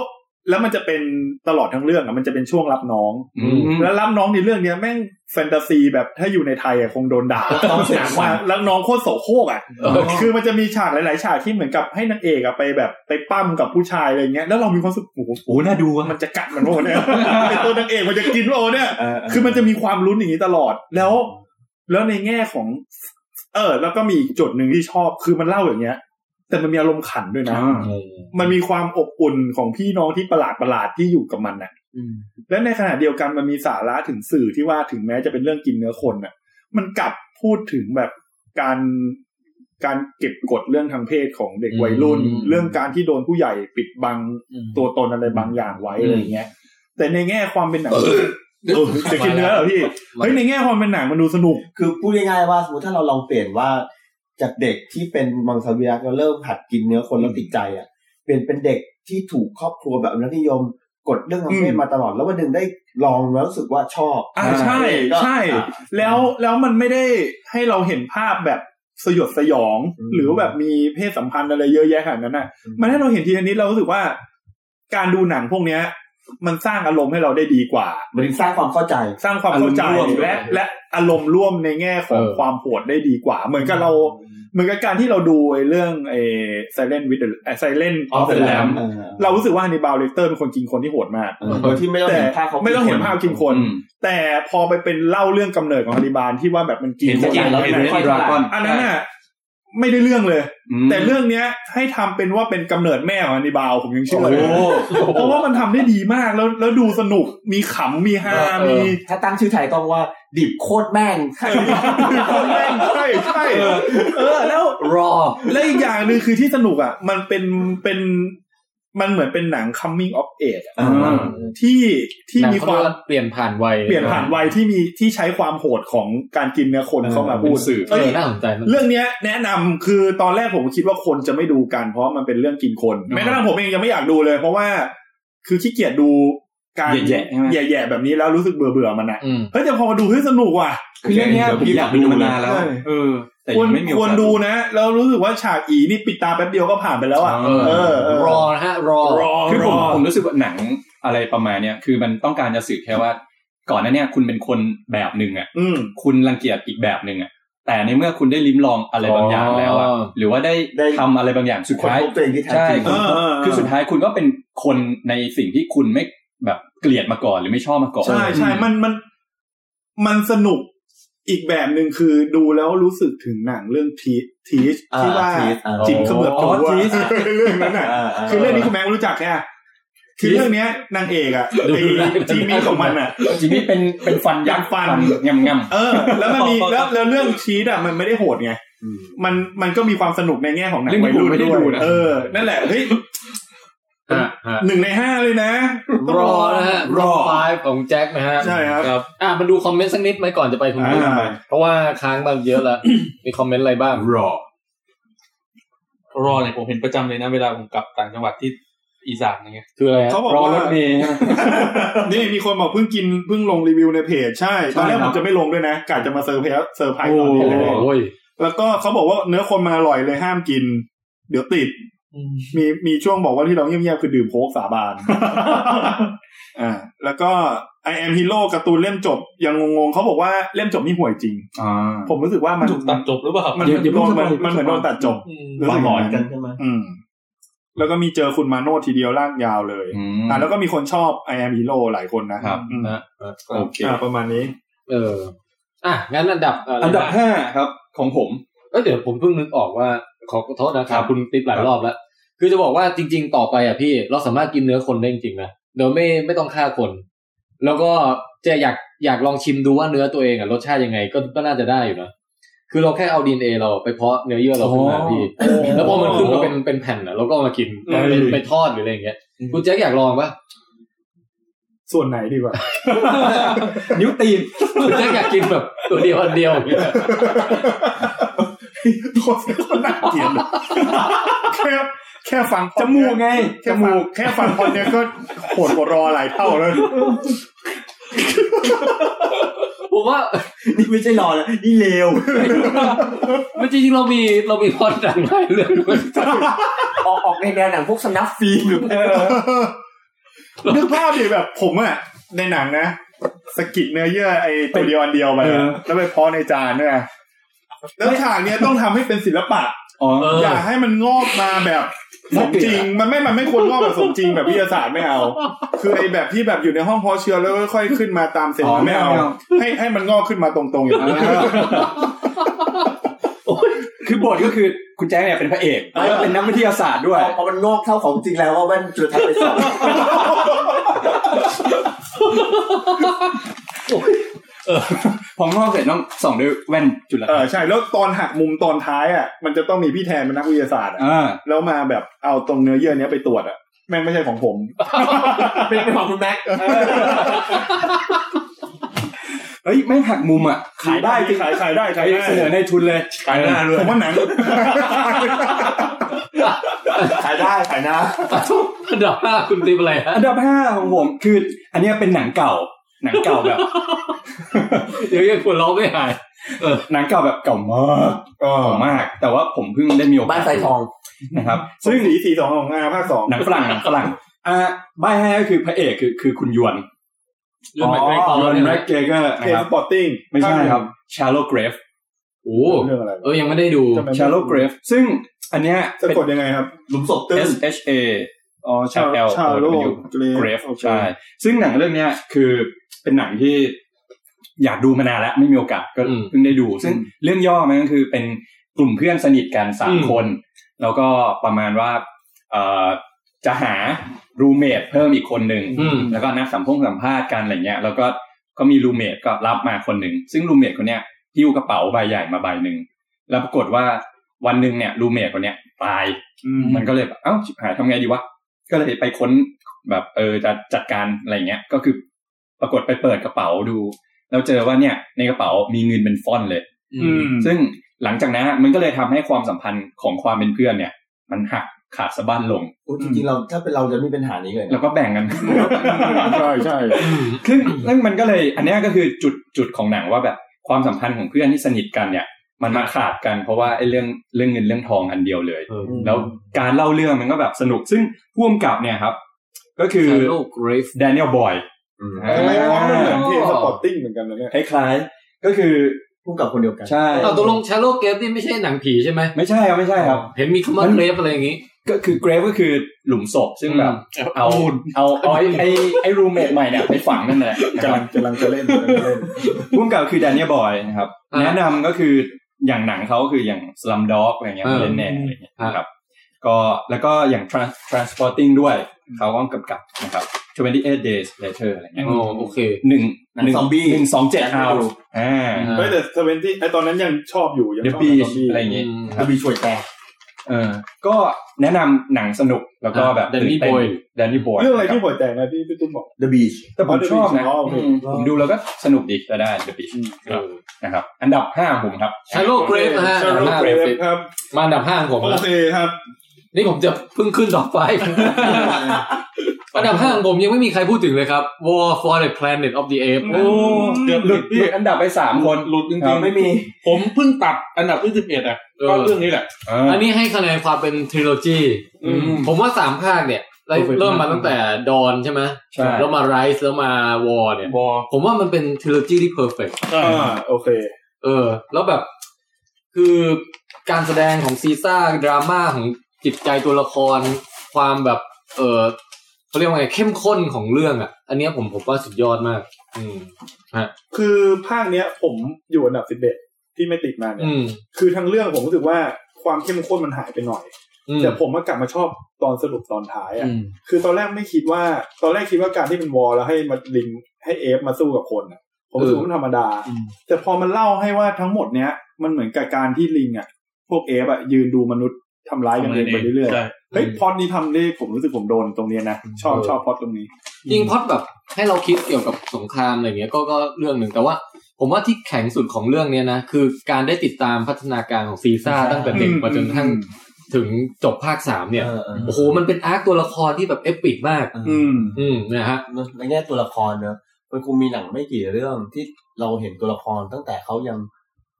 Speaker 2: แล้วมันจะเป็นตลอดทั้งเรื่องอะมันจะเป็นช่วงรับน้อง
Speaker 7: อืม
Speaker 2: แล้วรับน้องในเรื่องเนี้ยแม่งแฟนตาซีแบบถ้าอยู่ในไทยอะคงโดนด่า
Speaker 4: น้องเสียงสั่
Speaker 2: ว่าน รับน้องโคตรโสโครกอะ
Speaker 1: เออ
Speaker 2: คือมันจะมีฉากหลายๆ ฉากที่เหมือนกับให้นางเอกอะไปแบบไปปั้มกับผู้ชายอะไรเงี้ยแล้วเรามีความรู้สุขโอ้โห
Speaker 7: โอ้น่าดูอะ
Speaker 2: มันจะกัดมันโอเนี่ย [laughs] ไอ้ตัวนางเอกมันจะกินโอเนี่ย
Speaker 4: เเ
Speaker 2: คือมันจะมีความลุ้นอย่างนี้ตลอด แล้ว แล้วในแง่ของ เออ แล้วก็มีอีกจุดหนึ่งที่ชอบ คือมันเล่าอย่างเงี้ย แต่มันมีอารมณ์ขันด้วยนะ
Speaker 7: อ่า
Speaker 2: มันมีความอบอุ่นของพี่น้องที่ประหลาดประหลาดๆที่อยู่กับมันน่ะและในขณะเดียวกันมันมีสาระถึงสื่อที่ว่าถึงแม้จะเป็นเรื่องกินเนื้อคนน่ะ มันกลับพูดถึงแบบการการเก็บกดเรื่องทางเพศของเด็กวัยรุ่น
Speaker 1: อืม
Speaker 2: เรื่องการที่โดนผู้ใหญ่ปิดบังตัวตนอะไรบางอย่างไว้อะไรอย่างเงี้ย แต่ในแง่ความเป็นหนัง เออจะกินเนื้อเหรอพี่ เฮ้ยในแง่ความเป็นหนังมันดูสนุก
Speaker 4: คือพูดง่ายๆว่าสมมติถ้าเราลองเปลี่ยนว่าจากเด็กที่เป็นมังสวิรัติแล้วเริ่มหัดกินเนื้อคนแล้วติดใจอ่ะเปลี่ยนเป็นเด็กที่ถูกครอบครัวแบบอนุรักษ์นิยมกดเรื่องทางเพศ
Speaker 2: อืม
Speaker 4: มาตลอดแล้ววันหนึ่งได้ลองแล้วรู้สึกว่าชอบ
Speaker 2: อ่าใช่
Speaker 4: ก็
Speaker 2: ใช่
Speaker 4: อ่ะ
Speaker 2: แล้วแล้วมันไม่ได้ให้เราเห็นภาพแบบสยดสยอง
Speaker 4: อืม
Speaker 2: หรือแบบมีเพศสัมพันธ์อะไรเยอะแยะขนาดนั้นน่ะ มันให้เราเห็นทีละนิดเรารู้สึกว่า การดูหนังพวกเนี้ย มันสร้างอารมณ์ให้เราได้ดีกว่า
Speaker 4: มันสร้างความเข้าใจ
Speaker 2: สร้างความเข้าใจและและอารมณ์ร่วมในแง่ของ
Speaker 1: เออ
Speaker 2: ความโหดได้ดีกว่า เหมือนกับเรา เหมือนกับการที่เราดูไอ้เรื่องไอ้ Silent with the Silent of the Lamb
Speaker 4: เออ
Speaker 2: เรารู้สึกว่า Hannibal Lecter เป็นคนกินคนที่โหดมาก
Speaker 4: เออโดยที่ไม่ต้อง
Speaker 2: แต่
Speaker 4: เห็นภาพเขา
Speaker 2: ไม่ต้องเห็นภาพกินคน
Speaker 7: อืม
Speaker 2: แต่พอไปเป็นเล่าเรื่องกำเนิดของอาริบานที่ว่าแบบมันกิน
Speaker 7: เห็น
Speaker 2: ค
Speaker 7: สัก
Speaker 2: น
Speaker 7: อย่าง
Speaker 2: แล้ว
Speaker 7: เห็นเร
Speaker 2: นะ
Speaker 7: นดราก้อน
Speaker 2: อันนั้นน่ะไม่ได้เรื่องเลย แต่เรื่องเนี้ย ให้ทำเป็นว่าเป็นกำเนิดแม่ของอาริบาลผมยังเชื่อ
Speaker 7: โอ้
Speaker 2: เลยเพราะว่ามันทำได้ดีมากแล้วแล้วดูสนุกมีขำมีฮามี
Speaker 4: ถ้าตั้งชื่อไทยต้องว่าดิบโคตรแม่
Speaker 2: [laughs]
Speaker 4: ง
Speaker 2: ใช่
Speaker 7: [laughs]
Speaker 2: ใช่ใช่เออแล้ว
Speaker 1: รอ
Speaker 2: และอีกอย่างหนึ่งคือที่สนุกอ่ะ มันเป็นเป็นมันเหมือนเป็นหนัง coming of age อะ
Speaker 7: อ่า
Speaker 2: ที่ที่
Speaker 1: หนัง
Speaker 2: มี
Speaker 1: เขา
Speaker 2: ความ
Speaker 1: เรียกว่าเปลี่ยนผ่านวัย
Speaker 2: เปลี่ยนผ่านวัยที่มีที่ใช้ความโหดของการกินเนื้อคนเข้ามาพูดสื่อ
Speaker 1: เออน่าสนใจนะ
Speaker 2: เรื่องเนี้ยแนะนำคือตอนแรกผมคิดว่าคนจะไม่ดูกันเพราะมันเป็นเรื่องกินคนแม้กระทั่งผมเองยังไม่อยากดูเลย เพราะว่า คือขี้เกียจดูการ
Speaker 7: แย่ๆใช่ไหม
Speaker 2: แย่ๆแบบนี้แล้วรู้สึกเบื่อเบื่อๆมันอะ
Speaker 1: อืม
Speaker 2: เฮ้ยแต่พอมาดูเฮ้ยสนุกว่ะ
Speaker 7: คือเรื่องเนี้ยผมอยากดูมานานแล้ว
Speaker 2: ใช่
Speaker 7: เออ แต่
Speaker 2: ค
Speaker 7: ยั
Speaker 2: วรง
Speaker 7: ไม่มีโอ
Speaker 2: คว
Speaker 7: การส
Speaker 2: ดูนะแล้วรู้สึกว่าฉากอีนี่ปิดตาแป๊บเดียวก็ผ่านไปแล้วอะ
Speaker 7: เออ
Speaker 2: เออเออ
Speaker 1: รอนะฮะ รอ
Speaker 2: รอ
Speaker 7: คือ
Speaker 2: ร
Speaker 7: ผม
Speaker 2: อ
Speaker 7: ผมรู้สึกว่าหนังอะไรประมาณเนี้ยคือมันต้องการจะสื่อแค่ว่า ก่อนหน้าเนี้ยคุณเป็นคนแบบหนึ่งอ่ะ
Speaker 2: อืม
Speaker 7: คุณรังเกียจอีกแบบหนึ่งอ่ะ แต่ในเมื่อคุณได้ลิ้มลองอะไรบางอย่างแล้วอ่ะ
Speaker 1: อ๋อ
Speaker 7: หรือว่าได้
Speaker 4: ได้
Speaker 7: ทำอะไรบางอย่างสุด
Speaker 4: คน
Speaker 7: ท้าย
Speaker 4: พบตัวเองที่แท้
Speaker 7: ใช่
Speaker 4: จริง
Speaker 7: คุณ
Speaker 2: เออเออเออ
Speaker 7: คือสุดท้ายคุณก็เป็นคนในสิ่งที่คุณไม่แบบเกลียดมาก่อนหรือไม่ชอบมาก่อน
Speaker 2: ใช่ใช่มันมันมันสนุกอีกแบบหนึ่งคือดูแล้วรู้สึกถึงหนังเรื่องทีทีช
Speaker 4: อ่า
Speaker 2: ที่ว่า
Speaker 4: Teach อ่า
Speaker 2: จิมเขมือบตัวเรื่องนั้นน่ะ
Speaker 4: อ่าา
Speaker 2: คือเรื่องนี้คุณแม่รู้จักแค่ยคือเรื่องเนี้ยนางเอกอ่ะ
Speaker 1: ดู
Speaker 2: ไอ้
Speaker 1: ได้
Speaker 2: จีมี่ของมันอ่ะ
Speaker 7: จริงๆนี่เป็นเป็นฟันยักษ์
Speaker 2: ฟัน
Speaker 7: งำง
Speaker 2: เออ แล้วมันมีแล้วแล้วเรื่องชีสอ่ะมันไม่ได้โหดไงมันมันก็มีความสนุกในแง่ของหนังวัยรุ่นด้วยเออนั่นแหละเฮ้ย
Speaker 1: ฮะฮะ
Speaker 2: หนึ่งในห้าเลยนะ
Speaker 1: รอนะฮะ
Speaker 2: รอ
Speaker 1: ไฟของแจ็คนะฮะ
Speaker 2: ใช่ครับ
Speaker 1: ครับ อ่ะมาดูคอมเมนต์สักนิดไหมก่อนจะไปคุณผู้ชม
Speaker 2: อ่า
Speaker 1: เพราะว่าค้างมาเยอะ [coughs] แล้ว มีคอมเมนต์อะไรบ้าง
Speaker 7: รอ
Speaker 3: รอเนี่ยผมเห็นประจำเลยนะเวลาผมกลับต่างจังหวัดที่อีสานอย่างเงี้ย
Speaker 1: คืออะไรฮะ
Speaker 2: เขาบอก
Speaker 7: รอ
Speaker 2: ว่าร
Speaker 7: ถเมย์
Speaker 2: [laughs] นี่มีคนบอกเพิ่งกินเพิ่งลงรีวิวในเพจใช่ ตอนแรก
Speaker 7: ใช่ค
Speaker 2: ผ
Speaker 7: รับ
Speaker 2: มจะไม่ลงด้วยนะกะจะมาเซอร์ไพรส์เซอร์ไพรส์ตอน
Speaker 1: โอ้
Speaker 2: นี้เลย
Speaker 1: โห
Speaker 2: แล้วก็เขาบอกว่าเนื้อคนมาอร่อยเลยห้ามกิน เดี๋ยวติด มีมีช่วงบอกว่าที่เราเงียบๆคือดื่มโค้กสาบาน อ่า แล้วก็ I am Hero การ์ตูนเล่มจบยังงงๆเขาบอกว่าเล่มจบนี่ห่วยจริง
Speaker 7: อ่า
Speaker 2: ผมรู้สึกว่ามัน
Speaker 3: ถูกตัดจบหรือเปล่า
Speaker 2: มัน
Speaker 7: เดี๋ยวเดี๋ยว
Speaker 2: โดนมัน
Speaker 7: เพิ่ง
Speaker 2: มันเห
Speaker 7: จะบอก
Speaker 2: มือนโดนตัดจบ
Speaker 3: อืม
Speaker 2: รู้สึก
Speaker 4: หลอน
Speaker 2: ย่าง
Speaker 4: กันใช่ไหม
Speaker 2: อืม แล้วก็มีเจอคุณมาโนดทีเดียวลากยาวเลย
Speaker 7: อืม
Speaker 2: อ่าแล้วก็มีคนชอบ I am Hero หลายคนนะครับ อืม
Speaker 1: นะ
Speaker 7: โอเค
Speaker 2: อ่าประมาณนี้
Speaker 1: เออ อ่ะ งั้นอันดับะไร
Speaker 7: อันดับห้าครับ ของผม
Speaker 1: เอ้ยเดี๋ยวผมเพิ่งนึกออกว่า ขอโทษนะค
Speaker 7: ครั
Speaker 1: รับบ คุณติ๊บหลายรอบแล้ว คือจะบอกว่าจริง ๆ ต่อไปอ่ะพี่ เราสามารถกินเนื้อคนได้จริงๆนะ โดยไม่ไม่ต้องฆ่าคน
Speaker 8: แล้วก็จะอยากอยากลองชิมดูว่าเนื้อตัวเองอะรสชาติยังไงก็ก็น่าจะได้อยู่นะคือเราแค่เอาดีเอเราไปเพาะเนื้อเยื่อเราขึ้นมาพี่ แล้วพอมันขึ้นมาเป็นเป็นแผ่นอะเราก็เอามากิน
Speaker 2: เอ้ย
Speaker 8: เป็นไปทอดหรืออะไรอย่างเงี้ยคุณแจ็คอยากลองปะ [laughs]
Speaker 2: ส่วนไหนดีกว่า
Speaker 8: นิ้วตีนคุณแจ็คอยากกินแบบตัวเดียวอันเดียวอย่างเงี้ย
Speaker 2: โทษคนน่าเกลียดเลย [laughs] แค่แค่ฟังจมูกไงจมูกแค่ฟังคนเนี้ยก็โหดกว่ารอหลายเท่าแล้ว
Speaker 8: ผมว่า
Speaker 4: นี่ไม่ใช่รอแล้วนี่เลว
Speaker 8: ไม่จริงๆเรามีเรามีพอดหนังหลายเรื่อง [laughs] ด้วย
Speaker 4: ออกออกในแนวหนังพวกสำนักฟิล์มหรือ
Speaker 2: [laughs] นึกภาพดิแบบผมอะในหนังนะสะกิดเนื้อเยื่อไอ้ตัวเดียวอันเดียวมาเนี่ย
Speaker 7: เออ
Speaker 2: แล้วไปเพาะในจานเนี่ยแล้วฉากเนี้ยต้องทำให้เป็นศิลปะ
Speaker 7: อ๋อ
Speaker 2: [laughs] อย่าให้มันงอกมา
Speaker 7: [laughs]
Speaker 2: แบบสมจริง มันไม่ มันไม่ควรงอกแบบสมจริงแบบวิทยาศาสตร์ไม่เอา คือไอ้แบบที่แบบอยู่ในห้องเพาะเชื้อแล้วค่อยๆขึ้นมาตามเซล
Speaker 7: อ๋อ
Speaker 2: ล์
Speaker 7: ไม่
Speaker 2: ไม่
Speaker 7: เอา
Speaker 2: เอาให้ให้มันงอกขึ้นมาตรงๆอย่างนั้น
Speaker 7: คือบทก็คือคุณแจ๊คเนี่ยเป็นพระเอกแล้วก็เป็นนักวิทยาศาสตร์ด้วย
Speaker 4: พอมันงอกเท่าของจริงแล้วว่าแว่นจุลทรรศน์ไปสอง
Speaker 7: พองอกเสร็จต้องส่องด้วยแว่นจุล
Speaker 2: เอ
Speaker 7: ทรร
Speaker 2: อ
Speaker 7: ศน์
Speaker 2: ใช่แล้วตอนหักมุมตอนท้ายอ่ะมันจะต้องมีพี่แทนเป็นนักวิทยาศาสตร์อะ
Speaker 7: อ่า
Speaker 2: แล้วมาแบบเอาตรงเนื้อเยื่อเนี้ยไปตรวจอ่ะแม่งไม่ใช่ของผม
Speaker 4: เป็นเป็นของคุณแม็กซ์
Speaker 7: เฮ้ยไม่งหักมุมอ่ะ ขายได้จริง
Speaker 2: ขายขายได้ขายได้
Speaker 7: เสนอในทุนเลยขายหน้าด้วย
Speaker 2: ผมว่าหนัง
Speaker 4: ขายได้ขายนะ
Speaker 1: อันดับห้าคุณตีมอะไรฮะ
Speaker 7: อันดับห้าของผมคือ อันเนี้ยเป็นหนังเก่า หนังเก่าแบบ
Speaker 1: เดี๋ยวยังปวดร้องไม่หาย
Speaker 7: หนังเก่าแบบเก่ามาก
Speaker 2: เออ
Speaker 7: เก่ามาก แต่ว่าผมเพิ่งได้มีโอกาส
Speaker 4: บ้านสายทอง
Speaker 7: นะครับ
Speaker 2: ซึ่งสีสีสองของอาภาคสอง
Speaker 7: หนังฝรั่งหนังฝรั่งอ่าใบให้ก็คือพระเอกคือคือคุณยวน
Speaker 1: ยวนแม็กเกรกอร์
Speaker 7: ยวนแม็กเกรเกอร์นะ
Speaker 2: เท
Speaker 7: ค
Speaker 2: ส
Speaker 7: รับ
Speaker 2: ปอร์ติ้ง
Speaker 7: ไม่ใช่ครับชาร์โลเกรฟ
Speaker 1: โอ้
Speaker 2: เรื่องอะไร
Speaker 1: เออยังไม่ได้ดู
Speaker 7: ชาร์โลเกรฟซึ่งอันเนี้ย
Speaker 2: จะ
Speaker 7: เป็น
Speaker 2: กดยังไงครับ
Speaker 4: หลุมศพตื้น
Speaker 7: S H A
Speaker 2: อ๋อชา
Speaker 7: L
Speaker 2: ชาโล
Speaker 7: W
Speaker 2: เก
Speaker 7: เก
Speaker 2: ร
Speaker 7: ร
Speaker 2: ฟ
Speaker 7: ฟใช่ซึ่งหนังเรื่องเนี้ยคือเป็นหนังที่อยากดูมานานแล้วไม่มีโอกาสก็
Speaker 1: อืม
Speaker 7: เพิ่งได้ดู ซึ่งเรื่องย่อมันก็คือเป็นกลุ่มเพื่อนสนิทกันสามคน แล้วก็ประมาณว่าเอ่อจะหารูเมทเพิ่มอีกคนหนึ่ง
Speaker 1: อืม
Speaker 7: แล้วก็นัดสัมพงสัมภาษณ์กันอะไรเงี้ย แล้วก็ก็มีรูเมทก็รับมาคนหนึ่งซึ่งรูเมทคนเนี้ยหิ้วกระเป๋าใบใหญ่มาใบหนึ่งแล้วปรากฏว่าวันหนึ่งเนี่ยรูเมทคนเนี้ยตาย มันก็เลยแบบเอ้าชิบหายทำไงดีวะ ก็เลยไปค้นแบบเออจะจัดการอะไรอย่างเงี้ย ก็คือปรากฏไปเปิดกระเป๋าดู แล้วเจอว่าเนี่ยในกระเป๋ามีเงินเป็นฟ่อนเลย
Speaker 2: อืม
Speaker 7: ซึ่งหลังจากนั้นมันก็เลยทำให้ความสัมพันธ์ของความเป็นเพื่อนเนี่ย มันหักขาดสะบั้นลง
Speaker 4: โอ้จริงๆเราถ้าเป็นเราจะไม่มีปัญหานี้เลยนะ
Speaker 7: แล้วก็แบ่งกัน [laughs]
Speaker 2: ใช่ใช่
Speaker 7: ซึ่งซึ่งมันก็เลยอันเนี้ยก็คือจุดจุดของหนังว่าแบบความสัมพันธ์ของเพื่อนที่สนิทกันเนี่ย มันมาขาดกันเพราะว่าไอ้เรื่องเรื่องเงินเรื่องทองอันเดียวเลย แล้วการเล่าเรื่องมันก็แบบสนุกซึ่งพ่วงกับเนี่ยครับ ก็คือ
Speaker 1: Shadow Grave
Speaker 7: แดเนียลบอย
Speaker 2: ทำไมวะมันเหมือนเทสปอร์ติ้งเหมือนกันนะเนี่ย
Speaker 7: คล้ายๆ ก็คือ
Speaker 4: พูดกับคนเดียวกัน
Speaker 7: ใช่
Speaker 1: เอาตกลง Shadow Grave นี่ไม่ใช่หนังผีใช่ไหม
Speaker 7: ไม่ใช่ครับไม่ใช่ครับ
Speaker 1: เห็นมีคำว่า
Speaker 7: มัน
Speaker 1: Grave อะไรอย่างงี้
Speaker 7: ก็คือเกรฟก็คือหลุมศพซึ่งแบบเอา
Speaker 1: เอา
Speaker 7: เอาเอาไอ้ไอ้ไอ้รูเมทใหม่เนี่ยไปฝังนั่นแหละ
Speaker 2: กำลังกำลังจะเล่นกำลังจะเล่น
Speaker 7: พ่วงกับคือแดเนียลบอยนะครับ
Speaker 1: อ่า
Speaker 7: แนะนำก็คืออย่างหนังเขาคืออย่างสลัมด็อกอะไรเงี้ย
Speaker 1: เออ
Speaker 7: เล่นแน่อะไรเงี้ย
Speaker 1: ครับ
Speaker 7: ครับ ก็แล้วก็อย่าง Trans- transporting ด้วยเขาก็กำกับนะครับ28 days later อะไรเงี้ย
Speaker 1: อ๋อโอเค
Speaker 7: หนึ่ง
Speaker 4: หนังซอมบี้
Speaker 7: หนึ่งสองเจ็ดเอาอ่า
Speaker 1: อ่า
Speaker 2: ไม่แต่เซเวนที่ไอตอนนั้นยังชอบอยู่ยัง
Speaker 7: เด
Speaker 2: ชอบ
Speaker 7: บี
Speaker 2: ตนนี้
Speaker 7: อะไรอย่างงี้
Speaker 1: อืม
Speaker 7: ครับ
Speaker 4: มีช่วยแตก
Speaker 7: เออ ก็แนะนำหนังสนุกแล้วก็แบบ
Speaker 1: อ่ะ Danny
Speaker 7: ตื่เต้
Speaker 1: Boyle
Speaker 7: แดนนี่บอย
Speaker 2: เรื่องอะไรที่หัวแตกนะพี่พี่ตุ้มบอก
Speaker 4: เดอะบีช
Speaker 7: แต่ผมชอบนะ
Speaker 2: อ๋อ The Beach
Speaker 7: อืมผมดูแล้วก็สนุกดีก็ได้เดบีครับนะครับ อันดับห้าของผมครับ
Speaker 1: Shadow Grave นะฮะ
Speaker 2: ชา
Speaker 1: อัน
Speaker 2: โล
Speaker 1: ดับห้า
Speaker 2: เกรฟ
Speaker 1: เลย
Speaker 2: ครับ
Speaker 1: มาอันดับห้าของผม
Speaker 2: โอ
Speaker 1: แล้ว
Speaker 2: เคครับ
Speaker 1: นี่ผมจะเพิ่งขึ้นต่อไป อันดับห้าของผมยังไม่มีใครพูดถึงเลยครับ War for the Planet of the Apes
Speaker 2: โอ้
Speaker 3: เกือบ
Speaker 7: ห
Speaker 3: ห
Speaker 7: ลุ
Speaker 3: ลุ
Speaker 7: ด
Speaker 3: ด
Speaker 7: หลุดอันดับไปสามคน
Speaker 3: หลุดจริง
Speaker 4: ไม่มี
Speaker 3: ๆผมเพิ่งตัดอันดับที่สิบเอ็ดอ่ะก็เรื่องนี้แหละ
Speaker 7: เออ
Speaker 1: อันนี้ให้คะแนนความเป็นทริโลจี
Speaker 3: อืม
Speaker 1: ผมว่าสามภาคเนี่ยไล่เริ่มมาตั้งแต่ดอนใช่ไหม
Speaker 7: ใช่
Speaker 1: แล้วมาไรส์แล้วมาวอร์เนี่ย
Speaker 3: บอ
Speaker 1: ผมว่ามันเป็นทริโลจีที่เพอร์เฟก
Speaker 2: อ่าโอเค
Speaker 1: เออ แล้วแบบ คือการแสดงของซีซ่าดราม่าของจิตใจตัวละคร ความแบบ เออเขาเรียกว่าไงเข้มข้นของเรื่องอ่ะ อันเนี้ยผมผมว่าสุดยอดมาก อืม
Speaker 2: คือภาคเนี้ยผมอยู่อันดับสิบเอ็ดที่ไม่ติดมาเนี่ย
Speaker 1: อืม
Speaker 2: คือทั้งเรื่องผมรู้สึกว่าความเข้มข้นมันหายไปหน่อย
Speaker 1: อืม
Speaker 2: แต่ผมมากลับมาชอบตอนสรุปตอนท้ายอ่ะ
Speaker 1: อืม
Speaker 2: คือตอนแรกไม่คิดว่า ตอนแรกคิดว่าการที่เป็นวอลแล้วให้มาลิงให้เอฟมาสู้กับคนอ่ะ ผมรู้สึกว่ามันธรรมดา แต่พอมันเล่าให้ว่าทั้งหมดเนี้ยมันเหมือนกับการที่ลิงอ่ะ พวกเอฟอ่ะยืนดูมนุษย์ทำร้ายกันเองไปเรื่อย
Speaker 3: ใช่
Speaker 2: ๆเฮ้ยพอดนี้ทำได้ผมรู้สึกผมโดนตรงเนี้ยนะชอบชอบพอดตรงนี้
Speaker 1: จริงพล็อดแบบให้เราคิดเกี่ยวกับสงครามอะไรเงี้ยก็ก็เรื่องหนึ่งแต่ว่า ผมว่าที่แข็งสุดของเรื่องเนี้ยนะคือการได้ติดตามพัฒนาการของซีซ่าตั้งแต่เด็กมาจนกระทั่งถึงจบภาคสามเนี่ย
Speaker 4: ออออ
Speaker 1: โอ้โหมันเป็นอาร์คตัวละครที่แบบเอปิกมาก
Speaker 4: เอ
Speaker 2: อื
Speaker 4: อ
Speaker 2: ม
Speaker 1: อืมนะฮะ
Speaker 4: เนอะในแง่ตัวละครเนอะมันคงมีหนังไม่กี่เรื่องที่เราเห็นตัวละครตั้งแต่เขายัง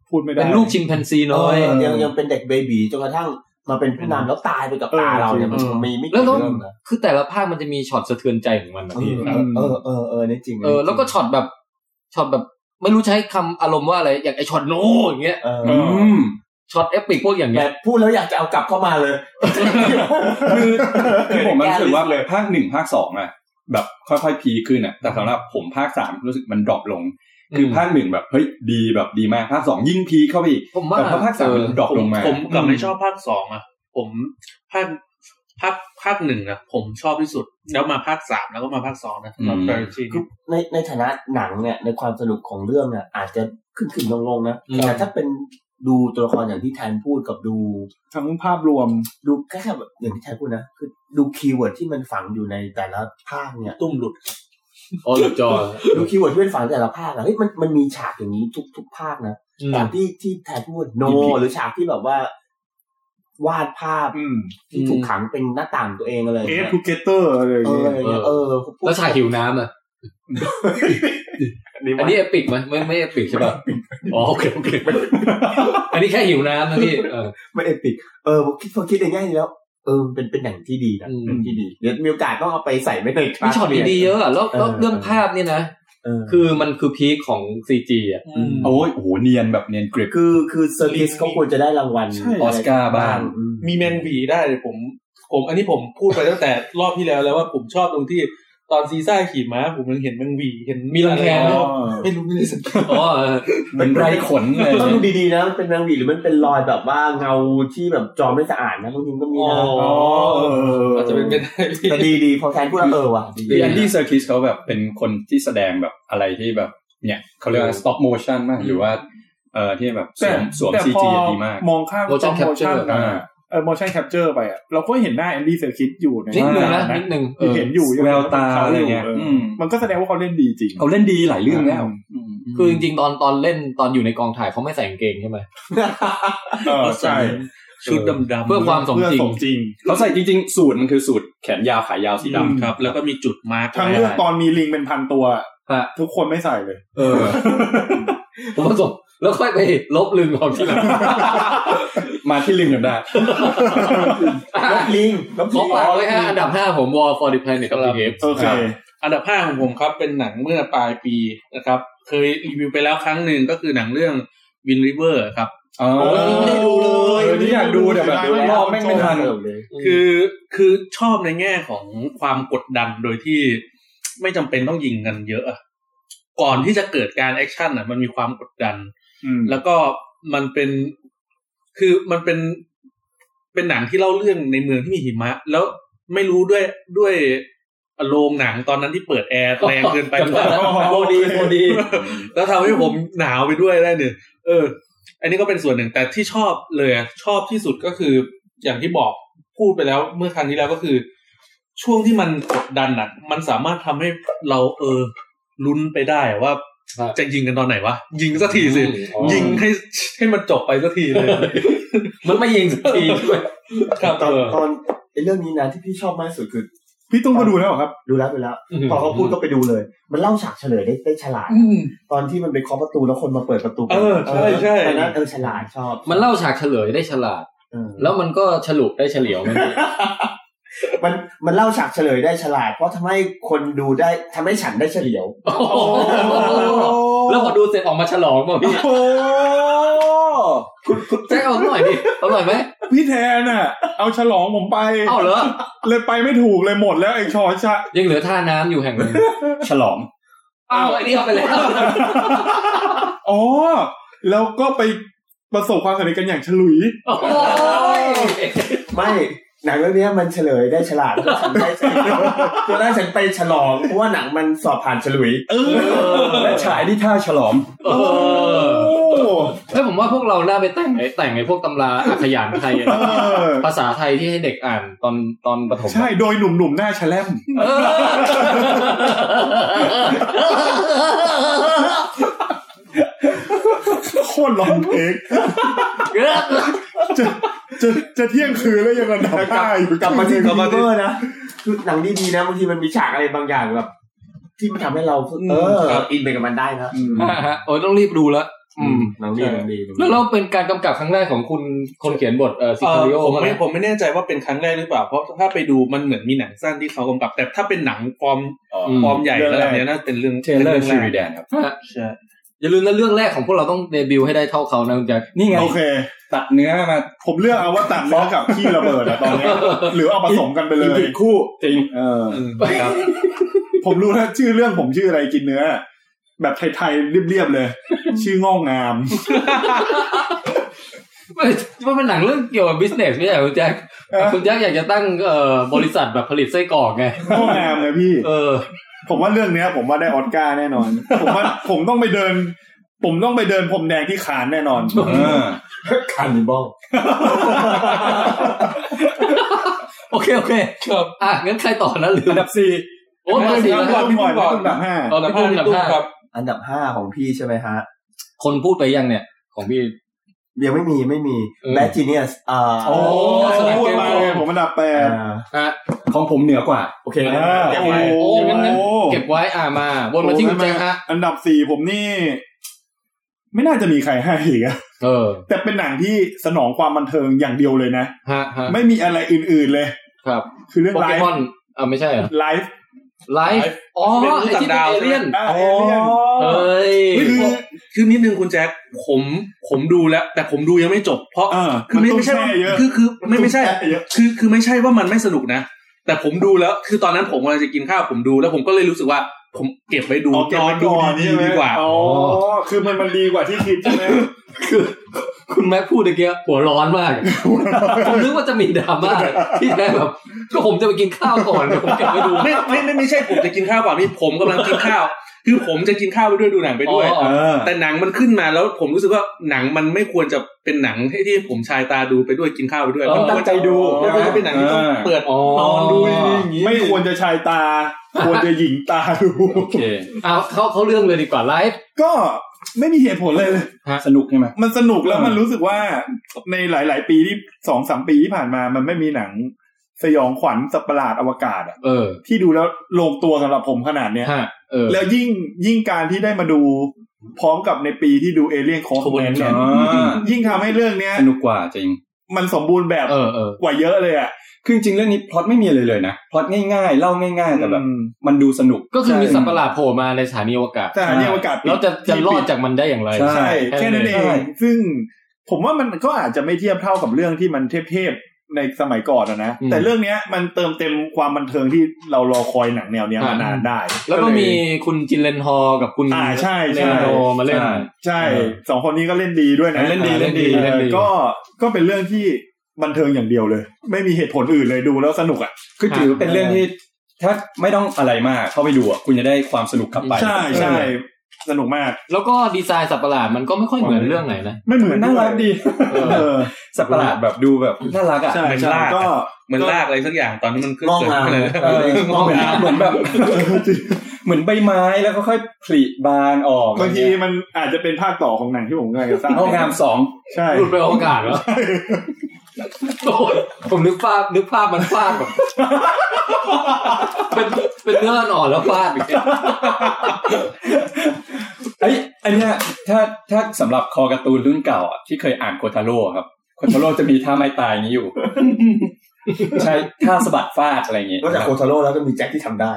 Speaker 2: พูดไม่ได้
Speaker 1: เป็นลูกชิมแพนซีน้อย
Speaker 4: เออยัง
Speaker 2: เออ
Speaker 4: ยังเป็นเด็กเบบีจนกระทั่งมาเป็นผู้นำแล้วตายไปกับตา
Speaker 2: เออ
Speaker 4: เราเนี่ย
Speaker 2: จริง
Speaker 4: มันคงมีไม่
Speaker 1: แล้
Speaker 4: กี่
Speaker 1: วแล้ว
Speaker 4: เรื่องนะ
Speaker 1: คือแต่ละภาคมันจะมีช็อตสะเทือนใจของมันนะพี่
Speaker 4: เออเออเออเออนี่จริง
Speaker 1: เออแล้วก็ช็อตแบบช็อตแบบไม่รู้ใช้คำอารมณ์ว่าอะไรอย่างไอช็อตโนอย่างเงี้ย
Speaker 4: เออ
Speaker 2: เออ
Speaker 3: อืม
Speaker 1: ช็อตเอปิกพวกอย่าง
Speaker 4: แบ
Speaker 1: เงี้ย
Speaker 4: บพูดแล้วอยากจะเอากลับเข้ามาเลย
Speaker 7: คือคือผมมันรู้สึกว่า
Speaker 4: แก้ลิสต์เลย
Speaker 7: ภาคหนึ่งภาคสองอะแบบค่อยๆพีขึ้นอะแต่สำหรับผมภาคสามรู้สึกมันดรอปลง คือภาคหนึ่งแบบเฮ้ยดีแบบดีมากภาคสองยิ่งพีเข้าไปอีก
Speaker 1: ผมว่า
Speaker 7: แต่พอภาคสาม
Speaker 1: เออ
Speaker 7: มันดรอปลงมา
Speaker 3: ผมผมกลับไม่ชอบภาคสองอ่ะ ผมภาคภาคภาคหนึ่งอ่ะ ผมชอบที่สุด แล้วมาภาคสามแล้วก็มาภาคสองนะสำหรับ
Speaker 7: อืม
Speaker 3: เทอร์จี
Speaker 4: คือในในฐานะหนังเนี่ยในความสนุกของเรื่องเนี่ยอาจจะขึ้นขึ้นลงลงๆนะ
Speaker 1: อืม
Speaker 4: แต่ถ้าเป็นดูตัวละครอย่างที่แทนพูดกับดู
Speaker 2: ทั้งภาพรวม
Speaker 4: ดูแค่แบบอย่างที่แทนพูดนะคือดูคีย์เวิร์ดที่มันฝังอยู่ในแต่ละภาคเนี่ย
Speaker 3: ตุ้มหลุด
Speaker 1: อ๋อหลุดจอ
Speaker 4: ดูคีย์เวิร์ดที่มันฝังในแต่ละภาคอะเฮ้ยมันมันมีฉากอย่างนี้ทุกทุกภาคนะ
Speaker 1: อืม
Speaker 4: ฉากที่ที่แทนพูดโน
Speaker 2: EP
Speaker 4: หรือฉากที่แบบว่า วาดภาพ
Speaker 2: อืม
Speaker 4: ที่ถูกขังเป็นหน้าต่างตัวเองอะไรอย่าง
Speaker 2: เอฟ
Speaker 4: เงี้ย
Speaker 2: ทูเกเตอร์อะไรอ
Speaker 4: เอย่าง อ
Speaker 2: เงี้ย
Speaker 4: เออพวก
Speaker 1: แล้วฉากหิวน้ำอ่ะ อันนี้เอปิกไหมไม่ไม่เอปิกใช่ป่ะอ๋อโอเคโอเค [laughs] อันนี้แค่หิวน้ำนะพี่เออ
Speaker 4: ไม่เอปิกเออผมคิดพอคิดในแง่นี้แล้ว เออเป็นเป็นหนังที่ดีนะ
Speaker 1: อืม
Speaker 4: เป็นที่ดีเดี๋ยวมีโอกาสต้องเอาไปใส่ไม่ในคลา
Speaker 1: มี
Speaker 4: ส
Speaker 1: ช็อต
Speaker 4: เรียน
Speaker 1: ดีๆเยอะอะแล้วแล้ว
Speaker 4: เออ
Speaker 1: เรื่องภาพเนี่ยนะ
Speaker 4: เออ
Speaker 1: คือมันคือพีคของซีจีอ่ะ
Speaker 4: ม
Speaker 7: โอ้ยโอ้โหเนียนแบบเนียนกริบ
Speaker 4: คือคือเซอร์กิสเขาควรจะได้รางวัล
Speaker 2: ใช่
Speaker 7: ออสการ์บ้าง
Speaker 4: อืม
Speaker 3: มีแมนหวีได้เลยผม ผมอันนี้ผมพูดไปตั้งแต่รอบที่แล้วแล้วว่าผมชอบตรงที่ตอนซีซ่าขี่ม้าผมยังเห็นแมงหวีเห็น
Speaker 1: มีรังแค
Speaker 2: อ๋
Speaker 3: อะ
Speaker 2: อ
Speaker 3: ไรไม่รู้ไม่ได้สังเกต
Speaker 1: อ๋อเออ
Speaker 7: มันไรขนเลย
Speaker 4: ต้องดูดีๆนะมันเป็นแมงหวีหรือมันเป็นรอยแบบว่าเงาที่แบบจอไม่สะอาดนะบางทีก็มีนะ
Speaker 2: อ๋อเออ
Speaker 3: อาจจะเป็นไปได้พี่
Speaker 4: แต่ดีดีๆพอแทนพูดแล้วเออว่ะดี
Speaker 7: ดีแอนดี้เซอร์คิสเขาแบบเป็นคนที่แสดงแบบอะไรที่แบบเนี่ยเขาเรียกว่า stop motion มากหรือว่าเอ่อที่แบบส
Speaker 2: แต่
Speaker 7: วมสวม
Speaker 2: แต่
Speaker 7: ซี
Speaker 2: พอ
Speaker 7: จีดีมาก
Speaker 2: มองข้าม
Speaker 1: motion
Speaker 2: stop motion
Speaker 1: capture
Speaker 2: นะ
Speaker 7: อ่า
Speaker 2: เออ motion capture ไปอ่ะ เราก็เห็นหน้าแอนดี้เซอร์คิสอยู่ใน
Speaker 1: นิดนึงนะ
Speaker 2: หา
Speaker 1: นิดนึงเออ
Speaker 2: เห็นอยู่
Speaker 7: แววตาอะไรเงี้ย
Speaker 2: เอออ
Speaker 7: ม
Speaker 2: มันก็แสดงว่าเขาเล่นดีจริง
Speaker 7: เขาเล่นดีหลายเรื่องแล้ว
Speaker 1: คือจริงๆตอนตอนเล่นตอนอยู่ในกองถ่ายเขาไม่ใส่กางเกงใช่ไหม
Speaker 2: เออใช่
Speaker 3: ชุดดำๆ
Speaker 1: เพื่อความสม
Speaker 2: เพื่อ
Speaker 1: จริง
Speaker 2: สมจริง
Speaker 7: เขาใส่จริงๆ สูตรมันคือสูตรแขนยาวขายาวสี
Speaker 2: อืม
Speaker 7: ดำ
Speaker 3: ครับ แล้วก็มีจุดมาร์ก
Speaker 2: ทั้งเรื่องตอนมีลิงเป็นพันตัว
Speaker 1: ฮะ
Speaker 2: ทุกคนไม่ใส่เลย
Speaker 1: เออผมผสมแล้วค่อยไปลบลึงของที่หลัง
Speaker 7: มาที่ลิงกันได้
Speaker 4: ลบลิงลบ
Speaker 1: ข
Speaker 4: ลิ
Speaker 1: อง ฝากไว้ฮะอันดับห้าผม War for the Planet of the Apes
Speaker 2: โอเค
Speaker 3: อันดับห้าของผมครับเป็นหนังเมื่อปลายปีนะครับ เคยรีวิวไปแล้วครั้งหนึ่งก็คือหนังเรื่องวินริเวอร์ครับ
Speaker 7: โอ้
Speaker 2: ยไม่ได้ดูเลย
Speaker 7: นี่อยากดูแต่แบบ
Speaker 2: ไม่
Speaker 7: ดู
Speaker 2: ได้
Speaker 7: รอบแม่งไม่ทัน
Speaker 3: คือคือชอบในแง่ของความกดดันโดยที่ไม่จำเป็นต้องยิงกันเยอะอะก่อนที่จะเกิดการแอคชั่นอ่ะมันมีความกดดัน
Speaker 2: อืม
Speaker 3: แล้วก็มันเป็นคือมันเป็นเป็นหนังที่เล่าเรื่องในเมืองที่มีหิมะ แล้วไม่รู้ด้วยด้วยโรงหนังตอนนั้นที่เปิดแอร์แรงเกินไปหรือเปล่า
Speaker 1: โมดีโมดี
Speaker 3: แล้วทำให้ผมหนาวไปด้วยได้เนี่ยเออ อันนี้ก็เป็นส่วนหนึ่งแต่ที่ชอบเลยอะชอบที่สุดก็คือ อย่างที่บอกพูดไปแล้ว เมื่อครั้งที่แล้วก็คือ ช่วงที่มันกดดันอ่ะ มันสามารถทำให้เราเออลุ้นไปได้อะว่า จะยิงกันตอนไหนวะ ยิงสักทีสิ ยิงให้ให้มันจบไปสักทีเลย
Speaker 1: มันไม่ยิงสักทีด้วย
Speaker 3: ครับ
Speaker 4: ต
Speaker 3: เอ
Speaker 4: อน
Speaker 3: อ
Speaker 4: ตอนไอ้เรื่องนี้นะที่พี่ชอบมากที่สุดคือ
Speaker 2: พี่ตุ้งก็ดูแล้วเหรอครับ
Speaker 4: ดูแล้วดูแล้ว พอเขาพูดก็ไปดูเลย มันเล่าฉากเฉลยได้ได้ฉลาด
Speaker 3: อืม
Speaker 4: ตอนที่มันไปเคาะประตูแล้วคนมาเปิดประตู
Speaker 3: เออใช่ใช่
Speaker 4: ตอนนั้นเออฉลาดชอบ
Speaker 1: มันเล่าฉากเฉลยได้ฉลาด
Speaker 4: เออ
Speaker 1: แล้วมันก็ฉลุได้เฉลียวมัน
Speaker 2: [laughs]
Speaker 1: ดี
Speaker 4: มันมันเล่าฉากเฉลยได้ฉลาด เพราะทำให้คนดูได้ทำให้ฉันได้เฉลียว
Speaker 1: แล้วพอดูเสร็จออกมาฉลองป่ะพี่
Speaker 2: โอ้
Speaker 1: แจ็คเอาหน่อยดิเอาหน่อยไหม
Speaker 2: พี่แทนอ่ะ เอาฉลองผมไป
Speaker 1: เอาเหรอ
Speaker 2: เลยไปไม่ถูกเลยหมดแล้วไอ้ชอชะ
Speaker 1: ยังเหลือท่าน้ำอยู่แห่งหนึง
Speaker 7: ฉลอง
Speaker 1: อ้าวไอ้นี่เอาไปแล้ว
Speaker 2: อ๋อ แล้วก็ไปประสบความสำเร็จกันอย่างฉลุย
Speaker 1: โอ้ย
Speaker 4: ไม่หนังเรื่องเนี้ยมันเฉลยได้ฉลา [laughs] ดฉันได้ฉลาดตัวหน้าฉันไปฉลองเพราะว่าหนังมันสอบผ่านฉลุย
Speaker 2: เออ
Speaker 7: และฉายที่ท่าฉลอม
Speaker 1: เออ
Speaker 2: โอ้
Speaker 1: เฮ้ยผมว่าพวกเราน่าไปแต่งไอ้แต่งไอ้พวกตำราอักขยานไทยอะ
Speaker 2: เออ
Speaker 1: ภาษาไทยที่ให้เด็กอ่านตอนตอนประถม
Speaker 2: ใช่โดยหนุ่มๆหน้าแฉลบ
Speaker 1: เออ
Speaker 2: โคตรร้องเพลงจะจะจะเที่ยงคืนแล้วยังระดับได้อยู่
Speaker 4: กลับมาที่ดีเวอร์นะคือหนังดีๆนะบางทีมันมีฉากอะไรบางอย่างแบบที่มันทำให้เราเอออินไปกับมันได้นะ
Speaker 2: อืม
Speaker 1: ฮะโอ้ยต้องรีบดูแล้วอืม
Speaker 4: หนังดีหนังดี
Speaker 1: แล้วเราเป็นการกำกับครั้งแรกของคุณคนเขียนบทเอ่อซิ
Speaker 3: เอ่
Speaker 1: คา
Speaker 3: อ
Speaker 1: ริโอ
Speaker 3: ผม
Speaker 1: มั้ง
Speaker 3: ไม่
Speaker 1: นะ
Speaker 3: ผมไม่แน่ใจว่าเป็นครั้งแรกหรือเปล่า เพราะถ้าไปดูมันเหมือนมีหนังสั้นที่เขากำกับ แต่ถ้าเป็นหนังฟอร์ม
Speaker 1: อืม
Speaker 3: ฟอร์มใหญ่
Speaker 2: เรื่อง
Speaker 3: ระ
Speaker 2: แรก
Speaker 3: ดับเนี้ยน่าจะเป็นเรื่อง
Speaker 7: เทเลอร์
Speaker 3: ง
Speaker 7: ชิ
Speaker 3: แก
Speaker 7: ริแดนครับ
Speaker 3: ใช่
Speaker 1: อย่าลืมนะเรื่องแรกของพวกเราต้องเดบิวต์ให้ได้เท่าเขานะคุณแจ็ค
Speaker 7: นี่ไง
Speaker 2: โอเค
Speaker 7: ตัดเนื้อมา
Speaker 2: ผมเลือกเอาว่าตัดเนื้อกับขี้ระเบิดอะตอนเนี้ยหรือเอาผสมกันไปเล
Speaker 7: อีก
Speaker 2: ย
Speaker 7: ผิดคู่จริง
Speaker 2: เออ
Speaker 3: ครับ
Speaker 2: ผมรู้แล้วชื่อเรื่องผมชื่ออะไรกินเนื้อ แบบไทยๆเรียบๆเลย ชื่อง่องงาม
Speaker 1: ไม่มันเป็นหนังเรื่องเกี่ยวกับบิสเนสไม่ใช่เหรอคุณแจ็ค
Speaker 2: เออ
Speaker 1: คุณแจ็คอยากจะตั้งเอ่อบริษัทแบบผลิตไส้กรอกไง
Speaker 2: ง่องงามเลยพี่
Speaker 1: เออ
Speaker 2: ผมว่าเรื่องเนี้ย ผมว่าได้ออสการ์แน่นอน ผมว่าผมต้องไปเดิน ผมต้องไปเดินพรมแดงที่คานแน่นอน
Speaker 7: เออ
Speaker 4: คาร์นิบอล
Speaker 1: โอเคโอเคครับอ่ะงั้นใครต่อนะลืม
Speaker 7: อันดับสี่
Speaker 1: โอ้ย
Speaker 2: อั
Speaker 1: ตัวนสี่
Speaker 2: ดับสี่
Speaker 1: แล้ว
Speaker 2: ก่อนพี่ตุ้มก่อนพี่ตุ้มดับห้า
Speaker 3: เอาดับห้าดับห้าครับ
Speaker 4: อันดับห้าของพี่ใช่ไหมฮะ
Speaker 1: คนพูดไปยังเนี่ยของพี่
Speaker 4: ยังไม่มีไม่มี
Speaker 1: เออ
Speaker 4: แบทจีเนียสอ่า
Speaker 2: โอ้
Speaker 1: สนาม
Speaker 2: พูด
Speaker 1: เกม
Speaker 2: มาเลยผมอันดับแปด
Speaker 4: อ่า
Speaker 1: อ่ะ
Speaker 7: ของผมเหนือกว่า
Speaker 4: โอเคนะเก็บ
Speaker 2: โอ้
Speaker 4: ไว้
Speaker 2: โห
Speaker 1: โอ้งั้นงั้นเก็บไว้อ่ะมาวนมาที่คุณแจ็คฮะ
Speaker 2: อันดับสี่ผมนี่ ไม่น่าจะมีใครให้อีกอะ
Speaker 1: เออ
Speaker 2: แต่เป็นหนังที่สนองความบันเทิงอย่างเดียวเลยนะ
Speaker 1: ฮะฮะ
Speaker 2: ไม่มีอะไรอื่นๆเลย
Speaker 1: ครับ
Speaker 2: คือเรื่อง
Speaker 1: โป
Speaker 2: ไล
Speaker 1: เก
Speaker 2: ฟ์
Speaker 1: มอนอ่ะไม่ใช่เหรอ
Speaker 2: ไลฟ์
Speaker 1: ไลฟ์อ๋อ
Speaker 3: ไม่รู้
Speaker 1: ไอ้ที่
Speaker 3: ต่าง
Speaker 1: เป็นเอ
Speaker 3: ดาว
Speaker 1: เลี่ยน
Speaker 2: อ่าเอเลี่ยน
Speaker 1: เอ้ย
Speaker 2: คือ
Speaker 3: คือนิดนึงคุณแจ็คผมผมดูแล้ว แต่ผมดูยังไม่จบ เพราะ
Speaker 2: เออ
Speaker 3: คือไม่
Speaker 2: นตุ้
Speaker 3: ไม่ใช่ว่า
Speaker 2: แช่เยอะ
Speaker 3: คือคือไม่ไม่ใช่
Speaker 2: นตุ้แเยอะ
Speaker 3: คือคือไม่ใช่ว่ามันไม่สนุกนะ แต่ผมดูแล้ว คือตอนนั้นผมกำลังจะกินข้าวผมดูแล้วผมก็เลยรู้สึกว่า ผมเก็บไว้ดู
Speaker 2: เอาเก็บ
Speaker 3: นอ
Speaker 2: ไว้
Speaker 3: นดู
Speaker 2: ก่อน
Speaker 3: ดี
Speaker 2: ใช่ไหม
Speaker 3: ๆดีกว่า
Speaker 2: อ๋อคือมันมันดีกว่าที่คิดใช่ไหม
Speaker 1: คือคุณแม่พูดเมื่อกี้หัวร้อนมาก ผมนึกว่าจะมีดราม่าที่แม่แบบก็ผมจะไปกินข้าวก่อนเดี๋ยวผมเก็บไปดู
Speaker 3: ไม่ไม่ไม่ไม่ใช่ผมจะกินข้าวเปล่านี่ผมกำลังกินข้าว คือผมจะกินข้าวไปด้วยดูหนังไปด้วย
Speaker 1: อ๋อ
Speaker 7: เออ
Speaker 3: แต่หนังมันขึ้นมาแล้วผมรู้สึกว่าหนังมันไม่ควรจะเป็นหนังที่ที่ผมชายตาดูไปด้วยกินข้าวไปด้วย
Speaker 7: ต้องตั้งใจดู
Speaker 3: มันควรจะเป็นหนังที่ต้องเปิด
Speaker 1: อ๋อน
Speaker 3: อนดูดี
Speaker 2: ไม่ควรจะชายตา ควรจะหญิงตาดู
Speaker 7: โอเค
Speaker 1: เอาเขาเขาเรื่องเลยดีกว่าไลฟ์
Speaker 2: ก็ไม่มีเหตุผลเลยเลย
Speaker 7: สนุกใช่ไหม
Speaker 2: มันสนุกแล้วมันรู้สึกว่าในหลาย ๆ ปีที่สองสามปีที่ผ่านมา มันไม่มีหนัง สยองขวัญสัตว์ประหลาดอวกาศอะ
Speaker 1: เออ
Speaker 2: ที่ดูแล้วลงตัวสำหรับผมขนาดเนี้ย
Speaker 1: ฮะเออ
Speaker 2: แล้วยิ่งยิ่งการที่ได้มาดูพร้อมกับในปีที่ดูเอเลี่ยนคอสเวนเนี่ย
Speaker 7: อ่า
Speaker 2: ยิ่งทำให้เรื่องเนี้ย
Speaker 7: สนุกกว่าจริง
Speaker 2: มันสมบูรณ์แบบ
Speaker 1: เออเออก
Speaker 2: ว่าเยอะเลยอ่ะ
Speaker 7: คือจริงๆเรื่องนี้พล็อตไม่มีเลยเลยนะ พล็อตง่ายๆ เล่าง่ายๆ แต่แบบ มันดูสนุก
Speaker 1: ก็คือมีสัตว์ประหลาดโผล่มาในสถานีอวกาศ
Speaker 2: สถานีอวกาศปิด
Speaker 1: แล้วจะจะรอด
Speaker 2: ที่ปิ
Speaker 1: จากมันได้อย่างไร
Speaker 7: ใช
Speaker 2: ใ
Speaker 7: ่
Speaker 2: ช่แค่นั้นเอ
Speaker 7: ใช่
Speaker 2: ง ซึ่งผมว่ามันก็อาจจะไม่เทียบเท่ากับเรื่องที่มันเทพๆในสมัยก่อนอะนะ
Speaker 1: อืม
Speaker 2: แต่เรื่องเนี้ยมันเติมเต็มความบันเทิงที่เรารอคอยหนังแนวเนี้ย
Speaker 1: อ่าม
Speaker 2: มานานได้
Speaker 1: แล้วก็
Speaker 2: เย
Speaker 1: มีคุณจินเลนฮอลกับคุณ
Speaker 2: อ่าใช่
Speaker 1: เล
Speaker 2: ใช่
Speaker 1: นโดมาเล่น
Speaker 7: ใช่
Speaker 2: ใช่สองคนนี้ก็เล่นดีด้วยนะ
Speaker 7: เล่นดีเล่นดี
Speaker 2: ออ
Speaker 1: เล่นดี
Speaker 2: ก็ก็เป็นเรื่องที่บันเทิงอย่างเดียวเลย ไม่มีเหตุผลอื่นเลยดูแล้วสนุกอ่ะ
Speaker 7: คือถือว่าเป็นเรื่องที่ ถ้าไม่ต้องอะไรมากเข้าไปดูอะคุณจะได้ความสนุกกลับไป
Speaker 2: ใช่ใช่สนุกมาก
Speaker 1: แล้วก็ดีไซน์สัตว์ประหลาดมันก็ไม่ค่อยเหมือนเรื่องไหนนะ
Speaker 2: ไม่เหมือ
Speaker 7: มัน นน่ารักดี
Speaker 2: เออ
Speaker 7: สัตว์ประหลาดแบบดูแบบน่ารักอ่ะ
Speaker 2: ใช่
Speaker 3: เหมือน
Speaker 2: ใช่
Speaker 3: ลาก
Speaker 2: ก็
Speaker 3: เหมือนลากอะไรสักอย่างตอนนี้มันขึ้น
Speaker 4: มอง
Speaker 3: เกิด
Speaker 4: มา
Speaker 3: ขึ้นเลย
Speaker 7: เออ
Speaker 3: มอง
Speaker 7: เหมือน
Speaker 3: มา
Speaker 7: เหมือนแบบ เหมือนใบไม้แล้วก็ค่อยผลิบานออก
Speaker 2: บางทีมันอาจจะเป็นภาคต่อของหนังที่ผมกำลังจะสร้าง
Speaker 7: ห้องงามสอง
Speaker 2: ใช่
Speaker 1: หลุดไปอวกาศเหรอโอ้ยผมนึกภาพนึกภาพมันฟาด
Speaker 2: [laughs]
Speaker 1: แบบเป็นเป็นเนื้ออ่อนๆแล้วฟาดอย่างเงี้ย
Speaker 7: ไอ้ยอันเนี้ยถ้าถ้าสำหรับคอการ์ตูนรุ่นเก่าอ่ะที่เคยอ่านโคทาโร่ครับโคทาโร่จะมีท่าไม้ตายอย่างนี้อยู่ ใช่ท่าสะบัดฟาดอะไรอย่างงี้
Speaker 4: นอกจากโคทาโร่แล้วก็มีแจ็คที่ทำได้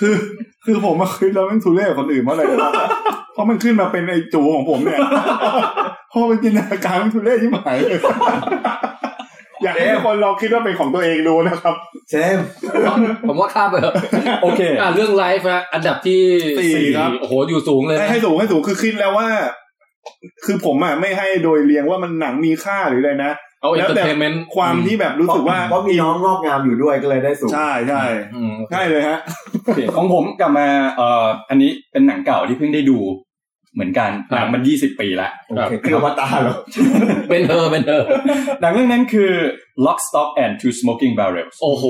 Speaker 2: คือ คือผมมาคิดแล้วแมันทุเรศกว่าคนอื่นเพราะอะไรรู้ปะเพราะมันขึ้นมาเป็นไอจูของผมเนี่ยพอมันจินตนาการมันทุเรศที่หมายเลยอยากให้ทุกคนลองคิดว่าเป็นของตัวเองดูนะครับ
Speaker 4: เชม
Speaker 1: ผมว่าข้ามไปเถอะ
Speaker 7: โอเค
Speaker 1: อ่ะเรื่องไลฟ์นะอันดับที่
Speaker 2: สี่ครับ
Speaker 1: โอ้โหอยู่สูงเลยนะ
Speaker 2: ให้สูงให้สูงคือคิดแล้วว่า คือผมอ่ะไม่ให้โดยเรียงว่ามันหนังมีค่าหรืออะไรนะ
Speaker 1: เอาเอน
Speaker 2: แล้ว
Speaker 1: เตอ
Speaker 2: แบ
Speaker 1: ร์
Speaker 2: บ
Speaker 1: เทนเมนต์
Speaker 2: ความที่แบบรู้สึกว่า
Speaker 4: เพราะมีน้องงอกงามอยู่ด้วยก็เลยได้สูง
Speaker 2: ใช่ใช่ใช่เลยฮะ
Speaker 7: โอเคของผมกลับมาเอ่ออันนี้เป็นหนังเก่าที่เพิ่งได้ดู เหมือนกันหนังมันยี่สิบปีละ
Speaker 4: โอเคคืออวตารเหรอ
Speaker 1: เป็นเธอเป็นเธอ
Speaker 7: หนังเรื่องนั้นคือ Lock Stock and Two Smoking Barrels
Speaker 1: โอ้โห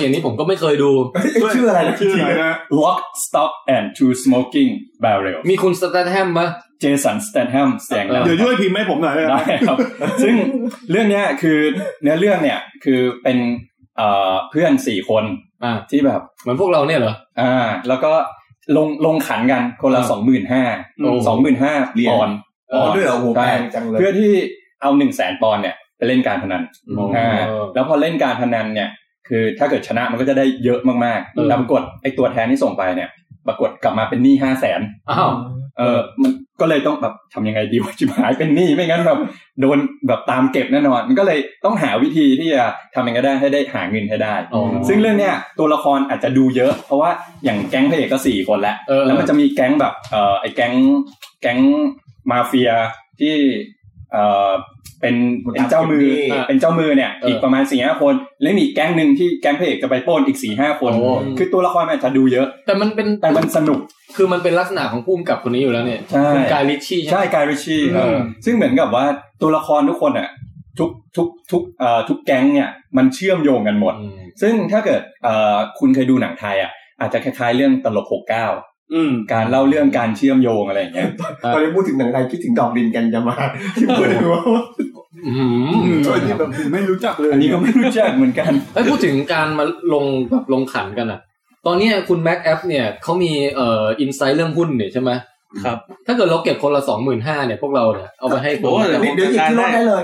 Speaker 1: อย่างนี้ผมก็ไม่เคยดู
Speaker 4: เอ้ยชื่ออะไรนะ
Speaker 2: ชื่ออะไรนะ
Speaker 7: Lock Stock and Two Smoking Barrels
Speaker 1: มีคุณสแตทแฮมปะ
Speaker 7: เจสันสแตนแฮมแสดงนำ
Speaker 2: เดี๋ยวช่วยพิมพ์ให้ผมหน่อยได้ไหม
Speaker 7: ได้
Speaker 4: [laughs]
Speaker 7: ครับ ซึ่งเรื่องเนี้ยคือเนื้อเรื่องเนี่ยคือเป็นเอ่อเพื่อนสี่คน
Speaker 1: อ่า
Speaker 7: ที่แบบ
Speaker 1: เหมือนพวกเราเนี่ยเหรอ
Speaker 7: อ่าแล้วก็ลงลงขันกันคนละ
Speaker 1: อ่า
Speaker 7: สองหมื่นห้า
Speaker 1: โอ้โห
Speaker 7: สองหมื่นห้าปอนด์
Speaker 4: อ๋อด้วยเหรอโอ้โหแพงจังเลย
Speaker 7: เพื่อที่เอาหนึ่งแสนปอนด์เนี่ยไปเล่นการพนันอ่าแล้วพอเล่นการพนันเนี่ยคือถ้าเกิดชนะมันก็จะได้เยอะมาก
Speaker 1: เออ
Speaker 7: ๆแล้วปรากฏไอ้ตัวแทนที่ส่งไปเนี่ย ปรากฏกลับมาเป็นหนี้ห้าแสน
Speaker 1: อ้าว
Speaker 7: เออมันก็เลยต้องแบบทำยังไงดีว่าจิบหายเป็นหนี้ไม่งั้นแบบโดนแบบตามเก็บแน่นอน มันก็เลยต้องหาวิธีที่จะทำยังไงก็ได้ให้ได้หาเงินให้ได้
Speaker 1: อ๋อ
Speaker 7: ซึ่งเรื่องเนี้ยตัวละครอาจจะดูเยอะ เพราะว่าอย่างแก๊งพระเอกก็สี่คนแล้ว
Speaker 1: เออ
Speaker 7: แล้วมันจะมีแก๊งแบบเออไอ้แก๊งแก๊งมาเฟียที่เออเป็นเป็นเจ้ามือเป็นเจ้ามือเนี่ยอีกประมาณสี่ห้าคนแล้วมีอีกแก๊งหนึ่งที่แก๊งพระเอกจะไปปล้นอีกสี่ห้าคน
Speaker 1: โอ้
Speaker 7: คือตัวละครมันอาจจะดูเยอะ
Speaker 1: แต่มันเป็น
Speaker 7: แต่มันสนุก
Speaker 1: คือมันเป็นลักษณะของภูมิกับคนนี้อยู่แล้วเนี่ย
Speaker 7: ใช่
Speaker 1: คุณกายลิชชี่ใช่
Speaker 7: ใช่
Speaker 1: ไหม
Speaker 7: กายริชชี่ครับ
Speaker 1: อืม
Speaker 7: ซึ่งเหมือนกับว่าตัวละครทุกคนอ่ะทุกทุกทุกเอ่อทุกแก๊งเนี่ยมันเชื่อมโยงกันหมด
Speaker 1: อืม
Speaker 7: ซึ่งถ้าเกิดเอ่อคุณเคยดูหนังไทยอ่ะอาจจะคล้ายๆเรื่องตลกหกเก้า
Speaker 2: อืม
Speaker 7: การเล่าเรื่องการเชื่อมโยงอะไรอย่างเงี้ย
Speaker 4: ตอนนี้พูดถึงหนังไทยคิดถึงดอกดินกันจะมาที่พูดถึงว่า
Speaker 1: อื
Speaker 2: อืม
Speaker 1: ม
Speaker 2: อันนี้แบบไม่รู้จักเลย
Speaker 7: อันนี้ก็ไม่รู้จักเหมือน
Speaker 1: [laughs]
Speaker 7: กัน
Speaker 1: เอ้ยพูดถึงการมาลงแบบลงขันกันอ่ะ ตอนเนี้ยคุณแม็กแอฟเนี่ยเขามีเอ่ออินไซต์เรื่องหุ้นเนี่ยใช่ไหม
Speaker 3: ครับ
Speaker 1: ถ้าเกิดเราเก็บคนละสองหมื่นห้าเนี่ยพวกเราเนี่ยเอาไปให้คุณ
Speaker 3: โอ้ย
Speaker 1: แม็กแอฟ
Speaker 3: นี่
Speaker 4: เดี๋ยวหยิบที่รถได้เลย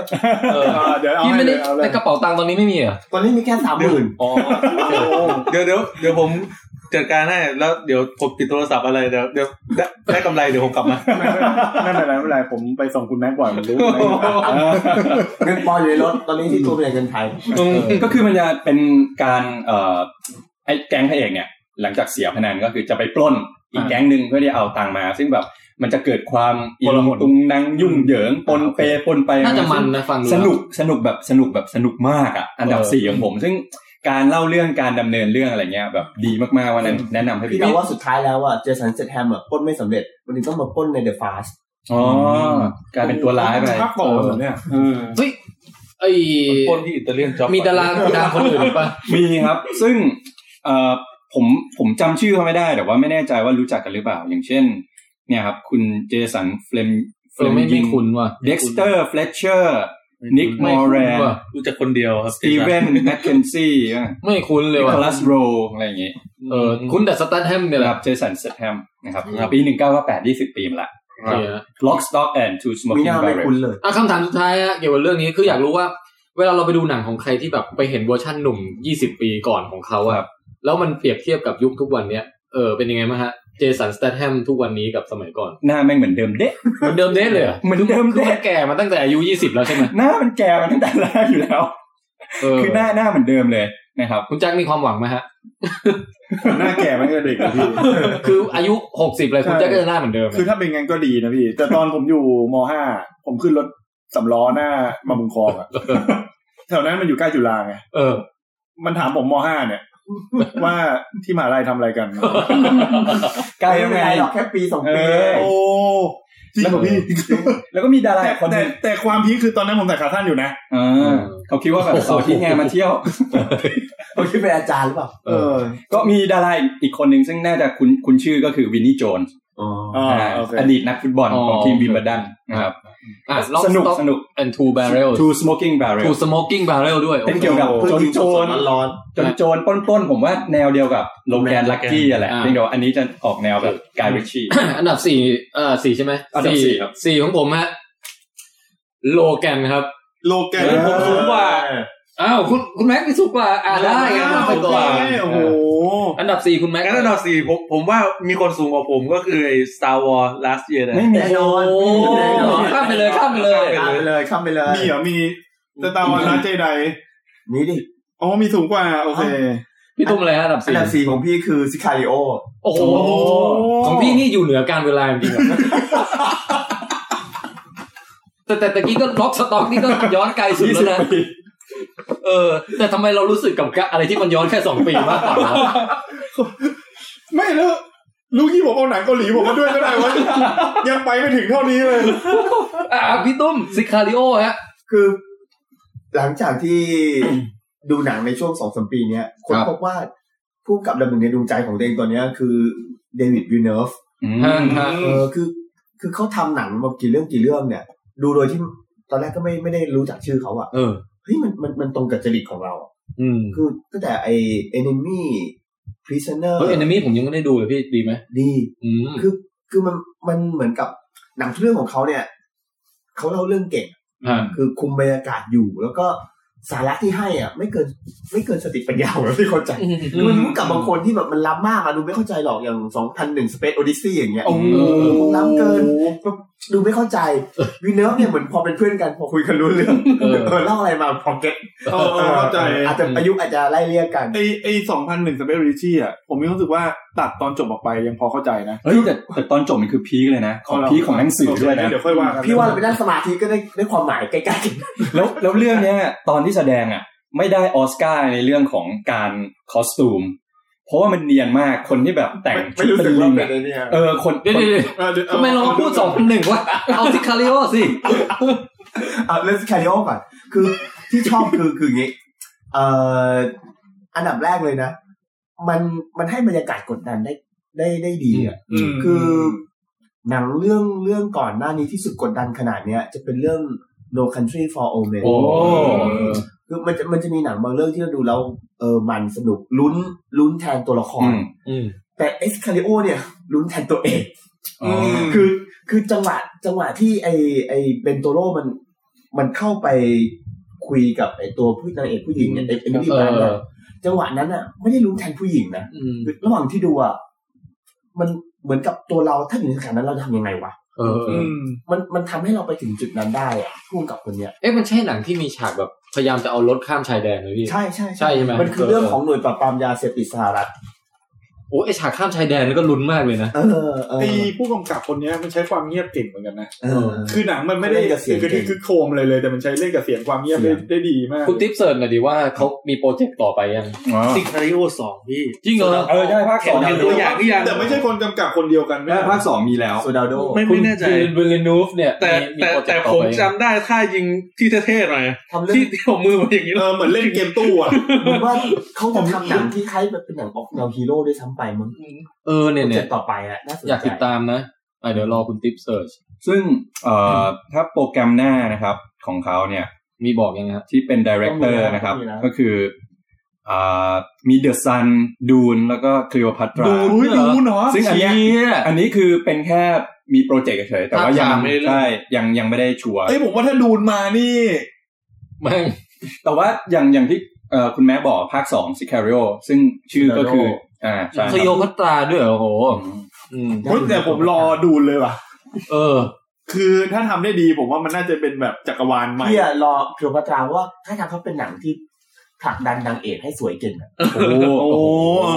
Speaker 1: เออ
Speaker 2: อ่าเดี๋ยวเอา
Speaker 1: พี่
Speaker 2: ให้
Speaker 1: ไม่
Speaker 2: เล
Speaker 1: ได้
Speaker 2: ยเอาเล
Speaker 1: ใน
Speaker 2: ย
Speaker 1: กระเป๋าตังค์ตอนนี้ไม่มีเหรอ
Speaker 4: ตอนนี้มีแค่สามหมื่น
Speaker 3: อ๋อเดี๋ยวเดี๋ยวเดี๋ยวผมจัดการให้แล้วเดี๋ยวผมปิดโทรศัพท์อะไรเดี๋ยวเดี๋ยวได้ได้กำไรเดี๋ยวผมกลับมา
Speaker 2: ไม่เป็นไรไม่เป็นไรผมไปส่งคุณแม็กก่อนผมรู้ [laughs]
Speaker 4: เงินปอนอยู่ในรถตอนนี้ที่ตัวเป็นเงินไทย
Speaker 7: ก็คือมันจะเป็นการเอ่อไอ้แก๊งพระเอกเนี่ย หลังจากเสียพนันก็คือจะไปปล้นอีกแก๊งหนึ่งเพื่อที่เอาตังค์มา ซึ่งแบบมันจะเกิดความอิ
Speaker 1: คนละหน
Speaker 7: ตุงนังยุ่งเหยิงปนเปปนไป
Speaker 1: น่าจะมันนะฟังดู
Speaker 7: ส
Speaker 1: แล้ว
Speaker 7: นุกสนุกแบบสนุกแบบสนุกมากอ่ะ อันดับ
Speaker 1: เออ
Speaker 7: สี่ของผม ซึ่งการเล่าเรื่องการดำเนินเรื่องอะไรเงี้ย แบบดีมากๆวันนั้นแนะนำให้
Speaker 4: พี่
Speaker 7: พี่
Speaker 4: แม้ว่าสุดท้ายแล้วอ่ะเจสันเซตแฮมอ่ะปล้นไม่สำเร็จ วันนี้ต้องมาปล้นในเดอะฟาส
Speaker 7: อ๋อกลายเป็นตัวร้ายไป
Speaker 2: ภาคต่อเหรอเนี่ย
Speaker 1: เฮ้ยไอ
Speaker 3: คนที่อิตาเลียนจ็อบ
Speaker 1: มีดาราดังคนอื่นอีกปะ
Speaker 7: มีครับ ซึ่งเอ่อผมผมจำชื่อเขาไม่ได้ แต่ว่าไม่แน่ใจว่ารู้จักกันหรือเปล่า อย่างเช่น เนี่ยครับ คุณเจสันเฟลมเฟล
Speaker 1: เรา
Speaker 7: ม
Speaker 1: ไม่
Speaker 7: ยิ
Speaker 1: ไม่
Speaker 7: ง
Speaker 1: คุ้นว่ะ
Speaker 7: เด็กสเตอร์เฟลเชอร์นิกม
Speaker 1: ไม่
Speaker 7: อร์แร
Speaker 1: คุ้น
Speaker 7: น
Speaker 1: ว่ะ
Speaker 3: รู้จักคนเดียวครับ
Speaker 7: สตีเวนแมคเคนซี่
Speaker 1: ไม่คุ้นเลย
Speaker 7: นิ
Speaker 1: ว่ะ
Speaker 7: โคลัสโรอะไรอย่างงี้
Speaker 1: เออคุ้นแต่สแตันแฮมเนี่ยแห
Speaker 7: นะค
Speaker 1: ละ
Speaker 7: รับเจสันเซตแฮมนะครับปีหนึ่งเก้าแปดยี่สิบปีมาละ
Speaker 1: โอเคนะ
Speaker 7: Lock Stock and Two
Speaker 4: ไม่
Speaker 7: Smoking
Speaker 4: น่าไม่
Speaker 7: Barrels
Speaker 4: คุ้นเลย
Speaker 1: อ่ะคำถามสุดท้ายอะเกี่ยวกับเรื่องนี้คืออยากรู้ว่า เวลาเราไปดูหนังของใครที่แบบไปเห็นเวอร์ชั่นหนุ่ม 20 ปีก่อนของเขา
Speaker 7: ค
Speaker 1: อะ
Speaker 7: รับ
Speaker 1: แล้วมันเปรียบเทียบกับยุคทุกวันเนี้ยเออเป็นยังไงมั้างฮะเจสันสแตทแฮมทุกวันนี้กับสมัยก่อน
Speaker 7: หน้าแม่งเหมือนเดิมเด้
Speaker 1: เหมือนเดิ [laughs] มเด้เลยอะ
Speaker 7: เหมือนเดิม
Speaker 1: คือ
Speaker 7: เด้
Speaker 1: มันแก่มาตั้งแต่อายุ 20 แล้วใช่ไหม
Speaker 7: หน้ามันแก่มาตั้งแต่แรกอยู่แล้ว
Speaker 1: เออ
Speaker 7: คือหน้าหน้าเหมือนเดิมเลยนะครับ
Speaker 1: คุณแจ็คมีความหวังไหมฮะ
Speaker 2: หน้าแก่ไหมก็เด็กนะพี่
Speaker 1: คืออายุ 60 เลยคุณแจ็คก็จะหน้าเหมือนเดิม
Speaker 2: คือถ้าเป็นงั้นก็ดีนะพี่ แต่ตอนผมอยู่มห้าผมขึ้นรถสำล้อหน้ามาบุงคลอง [laughs] อะแถวนั้นมันอยู่ใกล้จุฬาไง
Speaker 1: เออ
Speaker 2: มันถามผมมห้าเนี่ย ว่าที่มหาลัยทำอะไรกัน
Speaker 7: ใกล้
Speaker 4: ไม่เป็
Speaker 7: แล้ว
Speaker 4: น
Speaker 7: ไง
Speaker 4: ไรหรอกแค่ปีสองปี
Speaker 7: เออ
Speaker 2: โอ้จริงเหรอพี่
Speaker 7: แล้วก็มีดารา
Speaker 2: แต่
Speaker 7: อีกคนห
Speaker 2: แต่
Speaker 7: นึง
Speaker 2: แต่ความพีคคือตอนนั้นผมใส่ขาสั้นอยู่นะ
Speaker 7: อ่าเขาคิดว่าแบบเสาร์อาที่ไงมาเที่ยว
Speaker 4: ผมคิดเป็นอาจารย์หรือเปล่า
Speaker 1: เออ
Speaker 7: ก็มีดาราอีกคนหนึ่งซึ่งน่าจะคุณคุณชื่อก็คือวินนี่โจนส์
Speaker 4: อ๋อ
Speaker 2: อ๋อ
Speaker 7: อ่า
Speaker 2: โอเค
Speaker 7: อดีตนักฟุตบอลของทีม
Speaker 1: อ๋อ
Speaker 7: วิมเบลดันนะครับ
Speaker 1: อ่ะ Lock,
Speaker 7: สนุก
Speaker 1: Stock
Speaker 7: สนุก
Speaker 1: and Two Barrels
Speaker 7: Two Smoking Barrels
Speaker 1: Two Smoking Barrel ด้วย
Speaker 7: เป็นเกี่ยวกับ
Speaker 4: เพิ่งกิน
Speaker 7: โจรโจ
Speaker 4: ส
Speaker 7: ร
Speaker 4: ดๆร้อน
Speaker 7: โจรโจรปล้นปล้นผมว่าแนวเดียวกับโลแกนลักกี้อะแหละเพียงแต่ว่าอันนี้จะออกแนวแบบกายริชชี่
Speaker 1: อันดับสี่เอ่อสี่ใช่ไหม
Speaker 7: อันดับสี่ครับ
Speaker 1: สี่ของผมฮะโลแกนครับ
Speaker 2: โลแกน
Speaker 1: เฮ้ยผมสูงกว่า อ้าวคุณคุณแม็กซ์ไปสุกกว่าอ่าได้งั้น
Speaker 2: อ้าว
Speaker 1: เอาไปก่อน
Speaker 2: โอเคโอ้โห
Speaker 1: อันดับสี่คุณแม็กซ์
Speaker 3: งั้นอันดับสี่ผมผมว่ามีคนสูงกว่าผมก็คือไอ้ Star Wars Last Year นะ
Speaker 7: ไม่มี
Speaker 4: แน่นอน
Speaker 1: โอ้
Speaker 4: แน่นอน
Speaker 1: ข้ามไปเลยข้ามไปเลย
Speaker 4: ข้ามไปเลยข้ามไปเลย
Speaker 2: มีเหรอมีสตาร์วอลลาเจได
Speaker 4: นี่ดิ
Speaker 2: อ๋อมีสูงกว่า โอเค
Speaker 1: พี่ตุ้มอะไรฮะอันดับสี่
Speaker 4: อันดับสี่ของพี่คือซิคาริโอ
Speaker 1: โอ้โห
Speaker 2: โอ้โห
Speaker 1: ของพี่นี่อยู่เหนือการเวลาจริงๆอะ [laughs] แต่แต่ตะกี้ก็ล็อกสต็อกนี่ก็ย้อนไกลสุดแล้วนะเออ แต่ทำไมเรารู้สึกกับกะอะไรที่มันย้อนแค่สองปีมากกว่าวะ
Speaker 2: ไม่แล้วลูกที่ผมเอาหนังเกาหลีผมมาด้วยก็ได้วะ [laughs] ยังไปไม่ถึงเท่านี้เลย
Speaker 1: อ่ะพี่ตุ้มซิคาริโอฮะ
Speaker 4: คือ หลังจากที่ [coughs] ดูหนังในช่วงสองสมปีเนี้ยคน
Speaker 1: ครับ
Speaker 4: พบว่าผู้กำกับดับหนึ่งในดวงใจของตัวเองตอนเนี้ยคือเดวิดวินเนฟ
Speaker 1: ฮะฮะ
Speaker 4: เออคือคือเขาทำหนังมากี่เรื่องกี่เรื่องเนี่ย ดูโดยที่ตอนแรกก็ไม่ไม่ได้รู้จักชื่อเขาอะ
Speaker 1: เออ
Speaker 4: เฮ้ยมันมันมันตรงกับจริตของเราอะ
Speaker 1: อืม
Speaker 4: คือตั้งแต่ไอ enemy prisoner
Speaker 1: เฮ้ยเอนมี่ผมยังไม่ได้ดูเลยพี่ดีไหม
Speaker 4: ดี
Speaker 1: อืม
Speaker 4: คือคือมันมันเหมือนกับหนังทุกเรื่องของเขาเนี่ยเขาเล่าเรื่องเก่ง
Speaker 1: อ่า
Speaker 4: คือคุมบรรยากาศอยู่ แล้วก็สาระที่ให้อ่ะ ไม่เกินไม่เกินสติปัญญาของเราที่เข้าใจคือมันรู้กับบางคนที่แบบมันล้ำมากอะดูไม่เข้าใจหรอกอย่างสองพันหนึ่งสเปซโอดิซี่อย่างเงี้ย
Speaker 2: โอ้โห
Speaker 4: ล้ำเกิน ดูไม่เข้าใจวีเนิร์ฟเนี่ยเหมือนพอเป็นเพื่อนกัน พอคุยกันรู้เรื่อง
Speaker 1: เออ
Speaker 4: เออเล่าอะไรมาพอเก็ต
Speaker 2: เอ [laughs] อเออเข้าใจ
Speaker 4: อาจจะอายุอาจจะไล่เรียกกัน
Speaker 2: ไอไอสองพันหนึ่งสเปริชี่อ่ะ ผมมีความรู้สึกว่าตัดตอนจบออกไปยังพอเข้าใจนะ
Speaker 7: เฮ้ยแต่แต่ตอนจบมันคือพีคเลยนะ ของ
Speaker 2: เาละ
Speaker 7: พีคของหนังสือด้วยนะ
Speaker 2: เดี๋ยวค่อยว่ากัน
Speaker 4: พี่ว่าเราไปนั่งสมาธิก็ได้ได้ความหมายใกล้ๆกัน
Speaker 7: แล้วแล้วเรื่องเนี้ยตอนที่แสดงอ่ะ ไม่ได้ออสการ์ในเรื่องของการคอสตูม เพราะว่ามันเนียนมากคนที่แบบแต่ง
Speaker 4: ไม่
Speaker 7: ชุ
Speaker 4: ไม่รู้
Speaker 7: ดเป็น
Speaker 4: สึก
Speaker 7: ลิ
Speaker 4: ว่าง เป็น
Speaker 7: อะ
Speaker 4: ไอ้เนี่ย
Speaker 7: เออคน
Speaker 1: เดี๋ยว
Speaker 7: คน
Speaker 1: เดี๋ยวเดี๋ยว
Speaker 2: เออเดี๋ยว
Speaker 1: ทำไมเรามาพูดสองพันหนึ่งวะเอาซิคาริโอสิ
Speaker 4: เอาเล่นสแคริโอก่อน คือที่ชอบคือคืออย่างงี้เอ่ออันดับแรกเลยนะ มันมันให้บรรยากาศกดดันได้ได้ได้ดีอะ
Speaker 2: อืม
Speaker 4: คือหนังเรื่องเรื่องก่อนหน้านี้ที่สุดกดดันขนาดเนี้ย จะเป็นเรื่อง No Country for Old Men
Speaker 7: โอ้
Speaker 4: คือมันจะมันจะมีหนังบางเรื่องที่เราดูแล้วเออมันสนุกลุ้นลุ้นแทนตัวละค
Speaker 7: อื
Speaker 4: ร
Speaker 7: ม
Speaker 4: แต่ e x c a l i b u r เนี่ยลุ้นแทนตัวเอง
Speaker 7: อืม
Speaker 4: คือคือจังหวะจังหวะที่ไอไอเบนโตโรมันมันเข้าไปคุยกับไอตัวผู้นางเอกผู้หญิงเนี่ยไอเอ็มบี้บรัน
Speaker 1: เอ
Speaker 4: อะ
Speaker 1: อ
Speaker 4: จังหวะนั้นอ่ะไม่ได้ลุ้นแทนผู้หญิงนะ
Speaker 1: อืม
Speaker 4: คือระหว่างที่ดูอ่ะมันเหมือนกับตัวเราถ้าอยู่ในสถานการณ์นั้นเราจะทำยังไงวะ
Speaker 1: เออเออ
Speaker 2: ม
Speaker 4: มันมันทำให้เราไปถึงจุดนั้นได้อะพ่วงกับคนเนี้ย
Speaker 1: เอ๊ะมันใช่หนังที่มีฉากแบบพยายามจะเอารถข้ามชายแดนไหมพี่
Speaker 4: ใช่ใช่
Speaker 1: ใช่ใช่ไหม
Speaker 4: มันคือเรื่องของหน่วยปราบปรามยาเสพติดสหรัฐ
Speaker 1: โอ้ยไอฉากข้ามชายแดนนี่ก็ลุ้นมากเลยนะ
Speaker 4: เออเออ
Speaker 2: ไอผู้กำกับคนเนี้ยมันใช้ความเงียบเก่งเหมือนกันนะ
Speaker 4: เออ
Speaker 2: คือหนังมันไม่ได้
Speaker 4: เล่นกับเสียง
Speaker 2: คือ
Speaker 4: เก่ง
Speaker 2: คือโคมเลยเลย แต่มันใช้เล่นกับเสียงความเงียบได้ได้ดีมาก
Speaker 1: คุณติ๊บเสิร์ชหน่อยดีว่าเขามีโปรเจกต์ต่อไปยัง
Speaker 7: อ๋อ
Speaker 10: ซิคาริโอสองพี่
Speaker 1: จริงเหรอ
Speaker 7: เออใช่ภาค
Speaker 10: เห็
Speaker 7: ส
Speaker 10: น
Speaker 7: อง
Speaker 10: เห็นตัวอย่างหรือยัง
Speaker 2: แต่ไม่ใช่คนกำกับคนเดียวกันไม่
Speaker 7: เออ
Speaker 2: ใช่
Speaker 7: ภาคสองมีแล้ว
Speaker 4: โซดาโด
Speaker 10: ไม่
Speaker 1: คุ
Speaker 10: ไม่
Speaker 1: ณ
Speaker 10: แน่ใจ
Speaker 1: เบลเลนูฟเนี่ย
Speaker 10: แต่
Speaker 1: มี
Speaker 10: แต่
Speaker 1: โปรเจ
Speaker 10: แต่
Speaker 1: กต์ต่อ
Speaker 10: ผม
Speaker 1: ไป
Speaker 10: จำ
Speaker 1: ยัง
Speaker 10: ได้ท่ายิงที่เท่ๆหน่อย
Speaker 4: ทำเรื่อง
Speaker 10: ที่ที่ผมมือมาอย่างนี้
Speaker 2: เอ
Speaker 10: แล้ว
Speaker 2: อเหมือนเล่นเกมตู้อ่ะ
Speaker 4: เหมือนว่าเขาจะทำหนังที่คล้ายแบบเป็นหนังออกแนวฮีโร่ด้วยซ้ำไปมึง
Speaker 1: เออเนี่ย
Speaker 4: เจ็
Speaker 1: เนี่
Speaker 4: ด
Speaker 1: ย
Speaker 4: ต่อไปอะน่าสน
Speaker 1: อยาก
Speaker 4: ใจ
Speaker 1: ติดตามนะอ่ะเดี๋ยวรอคุณติ๊บเสิร์ช
Speaker 7: ซึ่งเอ่อถ้าโปรแกรมหน้านะครับของเขาเนี่ย
Speaker 1: มีบอกยังไงฮะ
Speaker 7: ที่เป็นดีเรคเตอร์นะครับ ก็คืออ่ามีเดอะซันดูนแล้วก็คลีโอพัตรา
Speaker 2: อุ้ยดูเนาะ
Speaker 7: ซึ่งอันเนี้ยอันนี้คือเป็นแค่มีโปรเจกต์เฉยๆแต่ว่ายังไม่ได้ยังยังไม่ได้ชัวร์
Speaker 2: เอ้ยผมว่าถ้าดูนมานี่
Speaker 1: แม่ง
Speaker 7: แต่ว่าอย่างอย่างที่เอ่อคุณแม่บอกภาคสองซิคาริโอซึ่งชื่อก็คืออ่าใช่
Speaker 1: คโยพัตราด้วยเหรอโอ้โหอืม
Speaker 2: เฮ้ยแต่ผมรอดูนเลยว่ะ
Speaker 1: เออ
Speaker 2: คือถ้าทำได้ดีผมว่ามันน่าจะเป็นแบบจักรวาลใหม่
Speaker 4: พี่อะรอเพียวพัตราเพราะว่าถ้าทำเขาเป็นหนังที่ผลักดันนางเอกให้สวยเก่งอะ
Speaker 7: โอ้โห
Speaker 2: โอ้โหเอ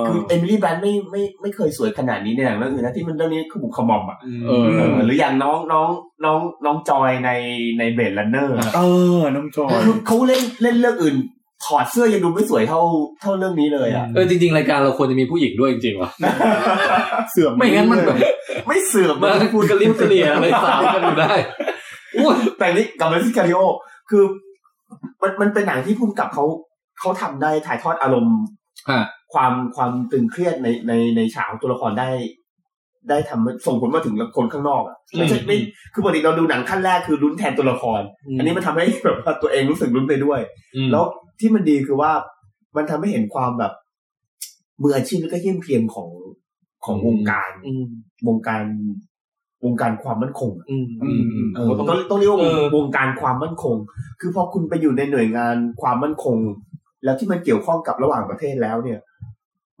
Speaker 2: อ
Speaker 4: คือเอมิลี่แบรนต์ไม่ไม่ไม่เคยสวยขนาดนี้ในหนังเรื่องอื่นนะที่มันเรื่องนี้คือบุคคมอมอะ
Speaker 1: เออ
Speaker 4: เออหรืออย่างน้องน้องน้องน้องจอยในในเบรดลันเนอร์
Speaker 2: เออน้องจอย
Speaker 4: คือเขาเล่นเล่นเรื่องอื่น ถอดเสื้อยังดูไม่สวยเท่าเท่าเรื่องนี้เลยอ่ะ
Speaker 1: เออจริงๆ รายการเราควรจะมีผู้หญิงด้วยจริงๆว่ะ
Speaker 2: เสื่อม
Speaker 1: ไม่งั้นมันแบบ
Speaker 4: ไม่เสื่อม
Speaker 1: มา
Speaker 4: นะ
Speaker 1: พูดกันลิ้มเกลี่ยอะไรสาวกันอยู่ได้อู้ย
Speaker 4: แต่นี่กลับมาที่คาริโอ คือมันมันเป็นหนังที่พุ่มกับเขาเขาทำได้ถ่ายทอดอารมณ์
Speaker 1: ฮะ
Speaker 4: ความความตึงเครียดในในในฉากของตัวละครได้ ได้ทำส่งผลมาถึงคนข้างนอกอ่ะไม่ใช่ไม่คือปกติเราดูหนังขั้นแรกคือลุ้นแทนตัวละคร อันนี้มันทำให้แบบว่าตัวเองรู้สึกลุ้นไปด้วย แล้วที่มันดีคือว่ามันทำให้เห็นความแบบมืออาชีพแล้วก็เยี่ยมเพียงของของวงการ
Speaker 1: อืม
Speaker 4: วงการวงการความมั่นคงอะ
Speaker 1: อืม
Speaker 7: อืมอืม
Speaker 4: เออต้องต้องเรียกว่าวง
Speaker 1: เออ
Speaker 4: วงการความมั่นคง คือพอคุณไปอยู่ในหน่วยงานความมั่นคง แล้วที่มันเกี่ยวข้องกับระหว่างประเทศแล้วเนี่ย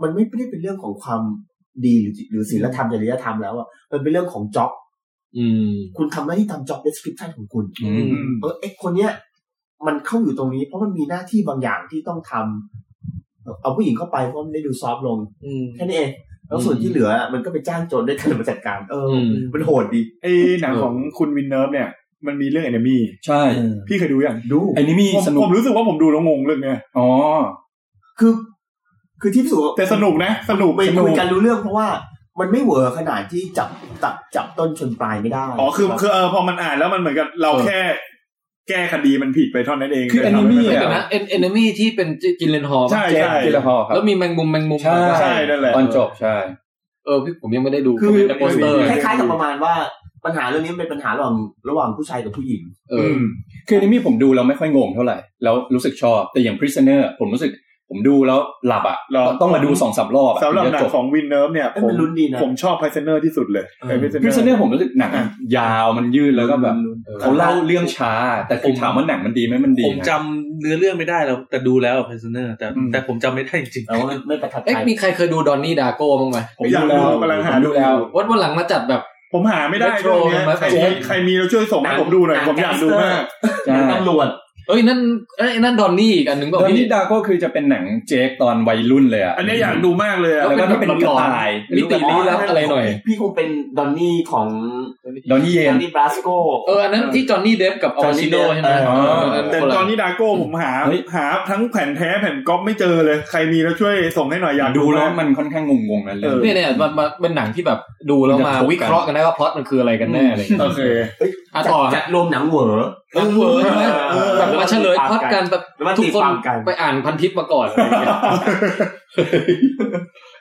Speaker 4: มันไม่ได้เป็นเรื่องของความดีหรือจิหรือศีลธรรมจริยธรรมแล้วอ่ะมันเป็นเรื่องของจ็อบ
Speaker 1: อืม
Speaker 4: คุณทำหน้าที่ตามจ็อบเดสคริปชันของคุณ
Speaker 7: อืม
Speaker 2: อืม
Speaker 4: เออไอคนเนี้ยมันเข้าอยู่ตรงนี้เพราะมันมีหน้าที่บางอย่างที่ต้องทำเอาผู้หญิงเข้าไปเพราะมันได้ดูซอฟต์ลง
Speaker 1: อืม
Speaker 4: แค่นี้เองแล้ว
Speaker 1: อืม
Speaker 4: ส่วนที่เหลือ มันก็ไปจ้างโจรได้ทันมาจัดการ เอออ
Speaker 1: ม
Speaker 4: มันโหดดี
Speaker 2: ไอหนังของคุณวินเนิร์ฟเนี่ย มันมีเรื่อง enemy
Speaker 7: ใช่
Speaker 2: พี่เคยดูยัง
Speaker 4: ดู
Speaker 7: ไอ้นี่มี
Speaker 2: ผม
Speaker 7: สนุก
Speaker 2: ผมรู้สึกว่าผมดูแล้วงงเรื่องเนี้ย
Speaker 7: อ๋อ
Speaker 4: คือ คือที่พิสูจน์ว่า
Speaker 2: แต่สนุกนะ สนุก
Speaker 4: ไม่
Speaker 2: ส
Speaker 4: คุ
Speaker 2: นุ
Speaker 4: ย
Speaker 2: ก
Speaker 4: กันรู้เรื่องเพราะว่า มันไม่เหวอขนาดที่จับตัดจับต้นชนปลายไม่ได้
Speaker 2: อ๋อคือคือเออพอมันอ่านแล้วมันเหมือนกับเราแค่ แก้คดีมันผิดไปเท่านั้นเอง
Speaker 7: คือ
Speaker 2: เลยทำให้
Speaker 7: enemy
Speaker 2: มัน
Speaker 7: อะ
Speaker 1: เดี๋ยวนะเอ็นเอนมี่ที่เป็นจินเลนฮอล
Speaker 2: ใช่ใช่
Speaker 7: ทีละพอครับ
Speaker 1: แล้วมีแมงมุมแมงมุม
Speaker 7: ใช่
Speaker 2: ใช่นั่นแหละ
Speaker 7: ตอนจบใช่
Speaker 1: เออพี่ผมยังไม่ได้ดู
Speaker 4: คื
Speaker 1: ผ
Speaker 4: อ
Speaker 1: มเห็นแต่โปสเตอร์
Speaker 4: คล้ายๆกับประมาณว่าปัญหาเรื่องนี้มันเป็นปัญหาระหว่างระหว่างผู้ชายกับผู้หญิง
Speaker 1: เอ
Speaker 2: อื
Speaker 1: อ
Speaker 2: ม
Speaker 7: คือ enemy ผมดูแล้วไม่ค่อยงงเท่าไหร่แล้วรู้สึกชอบแต่อย่าง prisoner ผมรู้สึกผมดูแล้วหลับอ่ะ
Speaker 2: หรอ
Speaker 7: ต้องมาดูสองสามรอบอะ
Speaker 2: สำหรับ
Speaker 7: ถึ
Speaker 2: หนั
Speaker 7: จะจ
Speaker 2: งของวินเนิร์ฟเนี่ย
Speaker 4: เอ้ย
Speaker 2: ผ
Speaker 4: มั
Speaker 2: ม
Speaker 4: นลุ้นดีนะ
Speaker 2: ผมชอบไพเซเนอร์ที่สุดเลยไอ้ Prisoner
Speaker 7: prisoner ผมรู้สึกหนังอะยาวมันยืดแล้วก็แบบเขาเล่าเรื่องช้า แต่คือถามว่าหนังมันดีไหมมันดี
Speaker 10: ผม
Speaker 7: นะ
Speaker 10: จำเนื้อเรื่องไม่ได้แล้ว แต่ดูแล้วเพนเนอร์แต่
Speaker 2: อืม
Speaker 10: แต่ผมจำไม่ได้จริง
Speaker 4: แต่ว่าไม่ไม่ประทับใจ
Speaker 1: เอ๊ะมีใครเคยดูดอนนี่ดาโก้บ้างไหม
Speaker 2: ผมอยากดูกำลังหา
Speaker 7: ผมดูแล้ว
Speaker 1: วันวันหลังมาจัดแบบ
Speaker 2: ผมหาไม่ได้
Speaker 1: Metro
Speaker 2: ช่วงเนี้ย
Speaker 1: มา
Speaker 2: ใคร
Speaker 1: เจ๊
Speaker 2: มีใครมีแล้วช่วยส่งให้ผมดูหน่อย ผมอยากดูมาก
Speaker 7: ใช่
Speaker 4: ตำรวจ
Speaker 1: เอ้ยนั่นเอ้ยนั่นดอนนี่อีกอันหนึ่ง
Speaker 7: ต
Speaker 1: เปล่า
Speaker 7: อนนี้
Speaker 1: พี่
Speaker 7: ดาโก็คือจะเป็นหนังเจคตอนวัยรุ่นเลยอ่ะ
Speaker 2: อันเนี้ยอยากดูมากเลยอะ
Speaker 7: แล้วก็
Speaker 1: แล้วก็
Speaker 7: เป็น
Speaker 1: เป็น
Speaker 7: ก
Speaker 1: ห
Speaker 7: ระ
Speaker 1: ลอน
Speaker 7: ต่าย
Speaker 1: มิติลี้ลับอะไรหน่อย
Speaker 4: พี่คงเป็นดอนนี่ของ
Speaker 7: ดอนนี่เย
Speaker 4: ดอน นนี่บราสโก
Speaker 1: เอออันนั้นที่จอห์นนี่เดฟกับอัลปาชิโน
Speaker 4: Johnny Depp
Speaker 1: ใช่ไหม
Speaker 4: เอ
Speaker 7: อ
Speaker 1: เ
Speaker 2: แต่
Speaker 1: คนละ
Speaker 2: ตอนนี้ดาโก้ผมหา
Speaker 7: เฮ้ย
Speaker 2: หาทั้งแผ่นแท้แผ่นก๊อปไม่เจอเลย ใครมีแล้วช่วยส่งให้หน่อยอยาก
Speaker 7: ดู
Speaker 2: ดู
Speaker 7: แล้ว
Speaker 2: มาก
Speaker 7: มันค่อนข้างงงๆนั่นเล
Speaker 2: เอย อ
Speaker 1: เนี่ยเนี่ยมันมันเป็นหนังที่แบบดูแล้วมาวิเคราะห์กันได้ว่าพล็อตมันคืออะไรกันแน่อะไรอย่างเงี้ย
Speaker 2: โอเค
Speaker 1: อ่ะต่อฮะ
Speaker 4: จัดรวมหนังเหวอ
Speaker 1: เออเวอร์ใช่ไหม
Speaker 4: เออ
Speaker 1: แบบมาเฉลยพล็อดกันแบบ
Speaker 4: แล้วมัน
Speaker 1: ทุก
Speaker 4: ตี
Speaker 1: คน
Speaker 4: ความกัน
Speaker 1: ไปอ่านพันทิปมาก่อนอะไรอย่างเงี้ย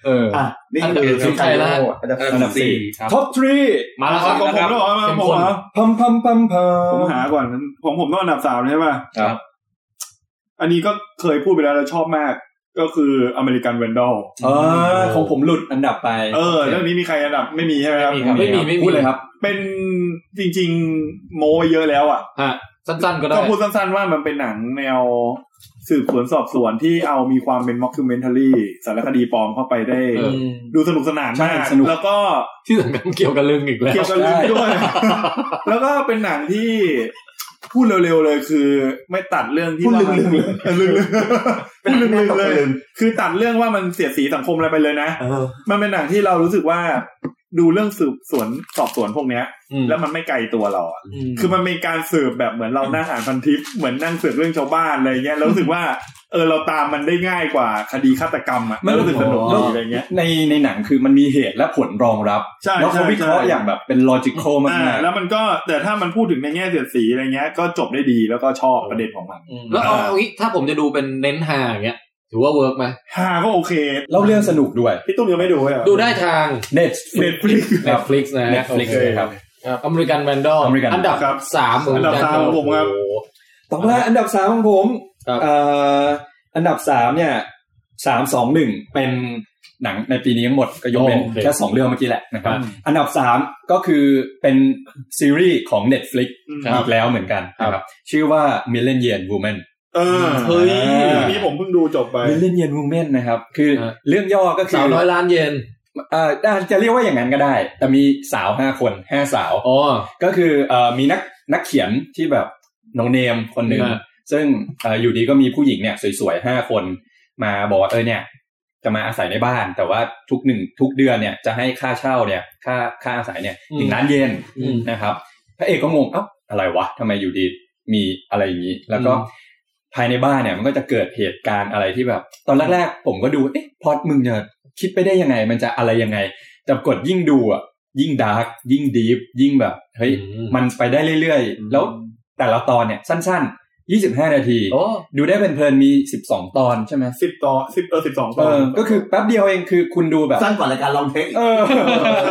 Speaker 1: เออ
Speaker 4: อ่ะนี่
Speaker 1: อันดับ
Speaker 4: คือ
Speaker 1: สุดท้ายแล้ว
Speaker 4: อันดับ
Speaker 10: ๆอั
Speaker 4: อั
Speaker 10: น
Speaker 4: น
Speaker 10: ดั
Speaker 4: ดับบ สี่
Speaker 10: สี่ครับ
Speaker 7: ท็อปทรี
Speaker 1: มาแล้วครับ
Speaker 2: ของผมเหรอมา
Speaker 1: เข้ม
Speaker 2: ผม
Speaker 1: ข้น
Speaker 2: เหรอ
Speaker 7: พัมพัมพัมพั
Speaker 2: ผม มหาก่อนของผมต้องอันดับสามใช่ป่ะ
Speaker 7: ครับ
Speaker 2: อันนี้ก็เคยพูดไปแล้วเราชอบมาก ก็คืออเมริกันแวนดอล
Speaker 7: เออของผมหลุดอันดับไป
Speaker 2: เออเรื่องนี้มีใครอันดับไม่มีใช่ไหมครับ
Speaker 1: ไม่มีไม่มี
Speaker 7: พูดเลยครับ
Speaker 2: เป็นจริงๆโมเยอะแล้วอ่ะ
Speaker 1: ฮะสั้นๆก็ได้
Speaker 2: ก็พูดสั้นๆว่ามันเป็นหนังแนวสืบสวนสอบสวนที่เอามีความเป็น mockumentary สารคดีปลอมเข้าไปได้
Speaker 1: เออ
Speaker 2: ดูสนุกสนานมาก
Speaker 7: ใช่สนุก
Speaker 2: แล้วก็
Speaker 1: ที่สำคัญเกี่ยวกับเรื่องอีกแล้ว
Speaker 2: เกี่ยวกับลึกด้วย แล้วก็เป็นหนังที่พูดเร็วๆเลยคือ ไม่ตัดเรื่องที่
Speaker 4: พูด
Speaker 2: ว่า
Speaker 4: ลึง
Speaker 2: มัน
Speaker 4: ลึงๆเล
Speaker 2: เอ
Speaker 4: ย
Speaker 2: อลึงๆพูดลึงๆเลย คือตัดเรื่องว่ามันเสียดสีสังคมอะไรไปเลยนะ
Speaker 4: เออ
Speaker 2: มันเป็นหนังที่เรารู้สึกว่าดูเรื่องสืบสวนสอบสวนพวกเนี้ย
Speaker 1: อืม
Speaker 2: แล้วมันไม่ไกลตัวเราอะ คือมันเป็นการสืบแบบเหมือนเรานั่งอ่านพันทิปเหมือนนั่งสืบเรื่องชาวบ้านอะไรเงี้ยแล้วรู้สึกว่า เออเราตามมันได้ง่ายกว่าคดีฆาตกรรมอ่ะ
Speaker 7: มัน
Speaker 2: แล้วรู้สึกสนุก
Speaker 1: อ๋
Speaker 2: ดี
Speaker 1: ออ
Speaker 2: อะไรเงี้ย
Speaker 7: ในในหนังคือมันมีเหตุและผลรองรับ
Speaker 2: ใช่
Speaker 7: แล้วเขา
Speaker 2: ใช่
Speaker 7: วิเคราะห์อย่างแบบเป็น logical มา
Speaker 2: อ่ากแล้วมันก็แต่ถ้ามันพูดถึงในแง่เสียดสีอะไรเงี้ย ก็จบได้ดีแล้วก็ชอบประเด็นของมัน
Speaker 1: แล้วเอาเอางี้ถ้าผมจะดูเป็นเน้นฮาอย่างเงี้ยถือว่าเวิร์กไหม
Speaker 2: ฮาก็โอเค
Speaker 7: ๆเล่าเรื่องสนุกด้วย
Speaker 2: พี่ตุ้มยังไม่ดูเลยเหรอ
Speaker 1: ดูได้ทาง
Speaker 2: เน็ตฟลิก
Speaker 1: Netflix นะ
Speaker 7: Netflix
Speaker 1: โอเค
Speaker 7: ครับ
Speaker 1: อเมริกันแวนดอล
Speaker 7: American
Speaker 1: อันดับ
Speaker 2: ครับ
Speaker 1: สามขง
Speaker 2: อันดับสามของผมครับ
Speaker 1: โอ้โห
Speaker 7: ต่อมาอันดับสามของผม
Speaker 1: ครับ
Speaker 7: เอ่ออันดับสามเนี่ยสามสองหนึ่งเป็นหนังในปีนี้ทั้งหมดก็ยกเว้นแค่สองเรื่องเมื่อกี้แหละนะครับ อันดับสามก็คือเป็นซีรีส์ของ Netflix
Speaker 2: ครับ
Speaker 7: อีกแล้วเหมือนกันนะครับ ชื่อว่า Million Year Woman
Speaker 2: เออ
Speaker 7: เฮ้ย
Speaker 2: เรื่องนี้ผมเพิ่งดูจบไป
Speaker 7: Million Year Woman นะครับ คือ
Speaker 1: ฮะ
Speaker 7: เรื่องย่อก็คื
Speaker 1: สา
Speaker 7: อ
Speaker 1: วน้อยล้านเยน
Speaker 7: เอ่ออ่าจะเรียกว่าอย่างนั้นก็ได้ แต่มีสาวห้าคนห้าสาว
Speaker 1: อ๋อ
Speaker 7: ก็คือเอ่อมีนักนักเขียนที่แบบน้องเนมคนหนึ่ง
Speaker 1: อ่า
Speaker 7: ซึ่งเอ่ออยู่ดีก็มีผู้หญิงเนี่ยสวยๆห้าคน มาบอกว่าเออเนี่ย จะมาอาศัยในบ้าน แต่ว่าทุกหนึ่งทุกเดือนเนี่ยจะให้ค่าเช่าเนี่ยค่าค่าอาศัยเนี่ยหนึ่งล้านเยน
Speaker 1: อืม
Speaker 7: นะครับพระเอกก็งงเอ้าอะไรวะทำไมอยู่ดีมีอะไรอย่างนี้ แล้วก็
Speaker 1: อืม
Speaker 7: ภายในบ้านเนี่ยมันก็จะเกิดเหตุการณ์อะไรที่แบบ ตอนแรกๆผมก็ดูเอ๊ะพล็อตมึงจะคิดไปได้ยังไง มันจะอะไรยังไง แต่กดยิ่งดูอ่ะยิ่งดาร์กยิ่งดีฟยิ่งแบบเฮ้ย มันไปได้เรื่อยๆ แล้วแต่ละตอนเนี่ยสั้นๆ 25 นาที
Speaker 1: โอ้
Speaker 7: ดูได้เป็นเพลินๆมี 12 ตอนใช่ไหม
Speaker 2: สิบต่อสิบเออสิบสองต
Speaker 7: เอ
Speaker 2: อน
Speaker 7: อ ก็คือแป๊บเดียวเองคือคุณดูแบบ
Speaker 4: สั้นกว่ารายการลองเทคอีก
Speaker 7: เออ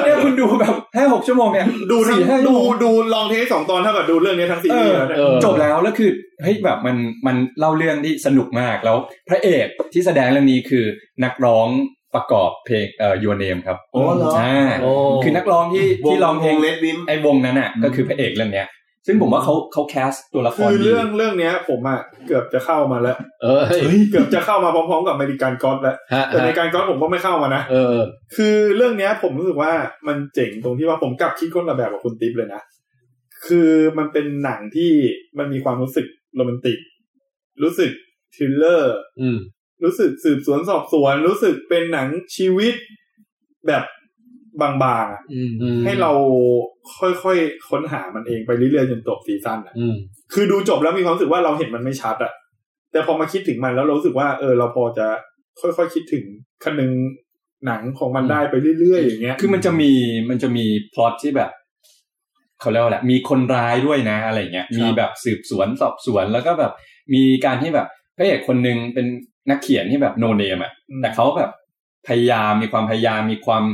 Speaker 7: เนี่ยคุณดูแบบห้าหกชั่วโมงเนี่ย
Speaker 2: ดูทั้ง
Speaker 7: สี่ห้าชั่
Speaker 2: ดู
Speaker 7: วโมง
Speaker 2: ดูลองเทสสองตอนเท่ากับดูเรื่องนี้ทั้งซีรีส์แล้วเนี่ย
Speaker 1: เออ
Speaker 7: จบแล้วแล้วคือเฮ้ยแบบมันมันเล่าเรื่องที่สนุกมากแล้วพระเอกที่แสดงเรื่องนี้คือนักร้องประกอบเพลงเอ่อยูเนมครับ
Speaker 4: โอ้เหรอ
Speaker 7: อ่า
Speaker 1: โอ้
Speaker 7: คือนักร้องที่
Speaker 4: วง
Speaker 7: ที่ร้องเพลง
Speaker 4: เลดวิม
Speaker 7: ไอ้วงนั้นน่ะก็คือพระเอกเรื่องเนี้ย ซึ่งผมว่าเขาเขาแคสตัวละค
Speaker 2: คื
Speaker 7: ร
Speaker 2: อ
Speaker 7: ดี
Speaker 2: เรื่องเรื่องเนี้ย ผมอ่ะเกือบจะเข้ามาแล้ว
Speaker 1: เออเฮ้ย
Speaker 2: เกือบจะเข้ามาพร้อมๆกับอเมริกันก๊อตแล้ว
Speaker 1: ฮะ
Speaker 2: แต่อ
Speaker 1: ฮะ
Speaker 2: เมริกันก๊อตผมก็ไม่เข้ามานะ
Speaker 1: เออ
Speaker 2: คือเรื่องเนี้ยผมรู้สึกว่ามันเจ๋งตรงที่ว่าผมกลับคิดคนละแบบกับคุณติ๊บเลยนะ คือมันเป็นหนังที่มันมีความรู้สึกโรแมนติก รู้สึกทริลเลอร์
Speaker 1: อืม
Speaker 2: รู้สึกสืบสวนสอบสวน รู้สึกเป็นหนังชีวิตแบบ บางๆอะให้เราค่อยๆค้นหามันเองไปเรื่อยๆจนจบซีซั่นอะ
Speaker 1: อืม
Speaker 2: คือดูจบแล้วมีความรู้สึกว่าเราเห็นมันไม่ชัดอะแต่พอมาคิดถึงมันแล้วเรารู้สึกว่าเออเราพอจะค่อยๆคิดถึงคันนึงหนังของมันได้ไปเรื่อยๆอย่างเงี้ย
Speaker 7: คือมันจะมีมันจะมีพล็อตที่แบบเขาเรียกว่าอะไรมีคนร้ายด้วยนะอะไรเงี้ยมีแบบสืบสวนสอบสวนแล้วก็แบบ มีการที่แบบพระเอกคนหนึงเป็นนักเขียนที่แบบโนเนมอ่ะ
Speaker 2: อืม
Speaker 7: แต่เขาแบบพยายามมีความพยายามมีความ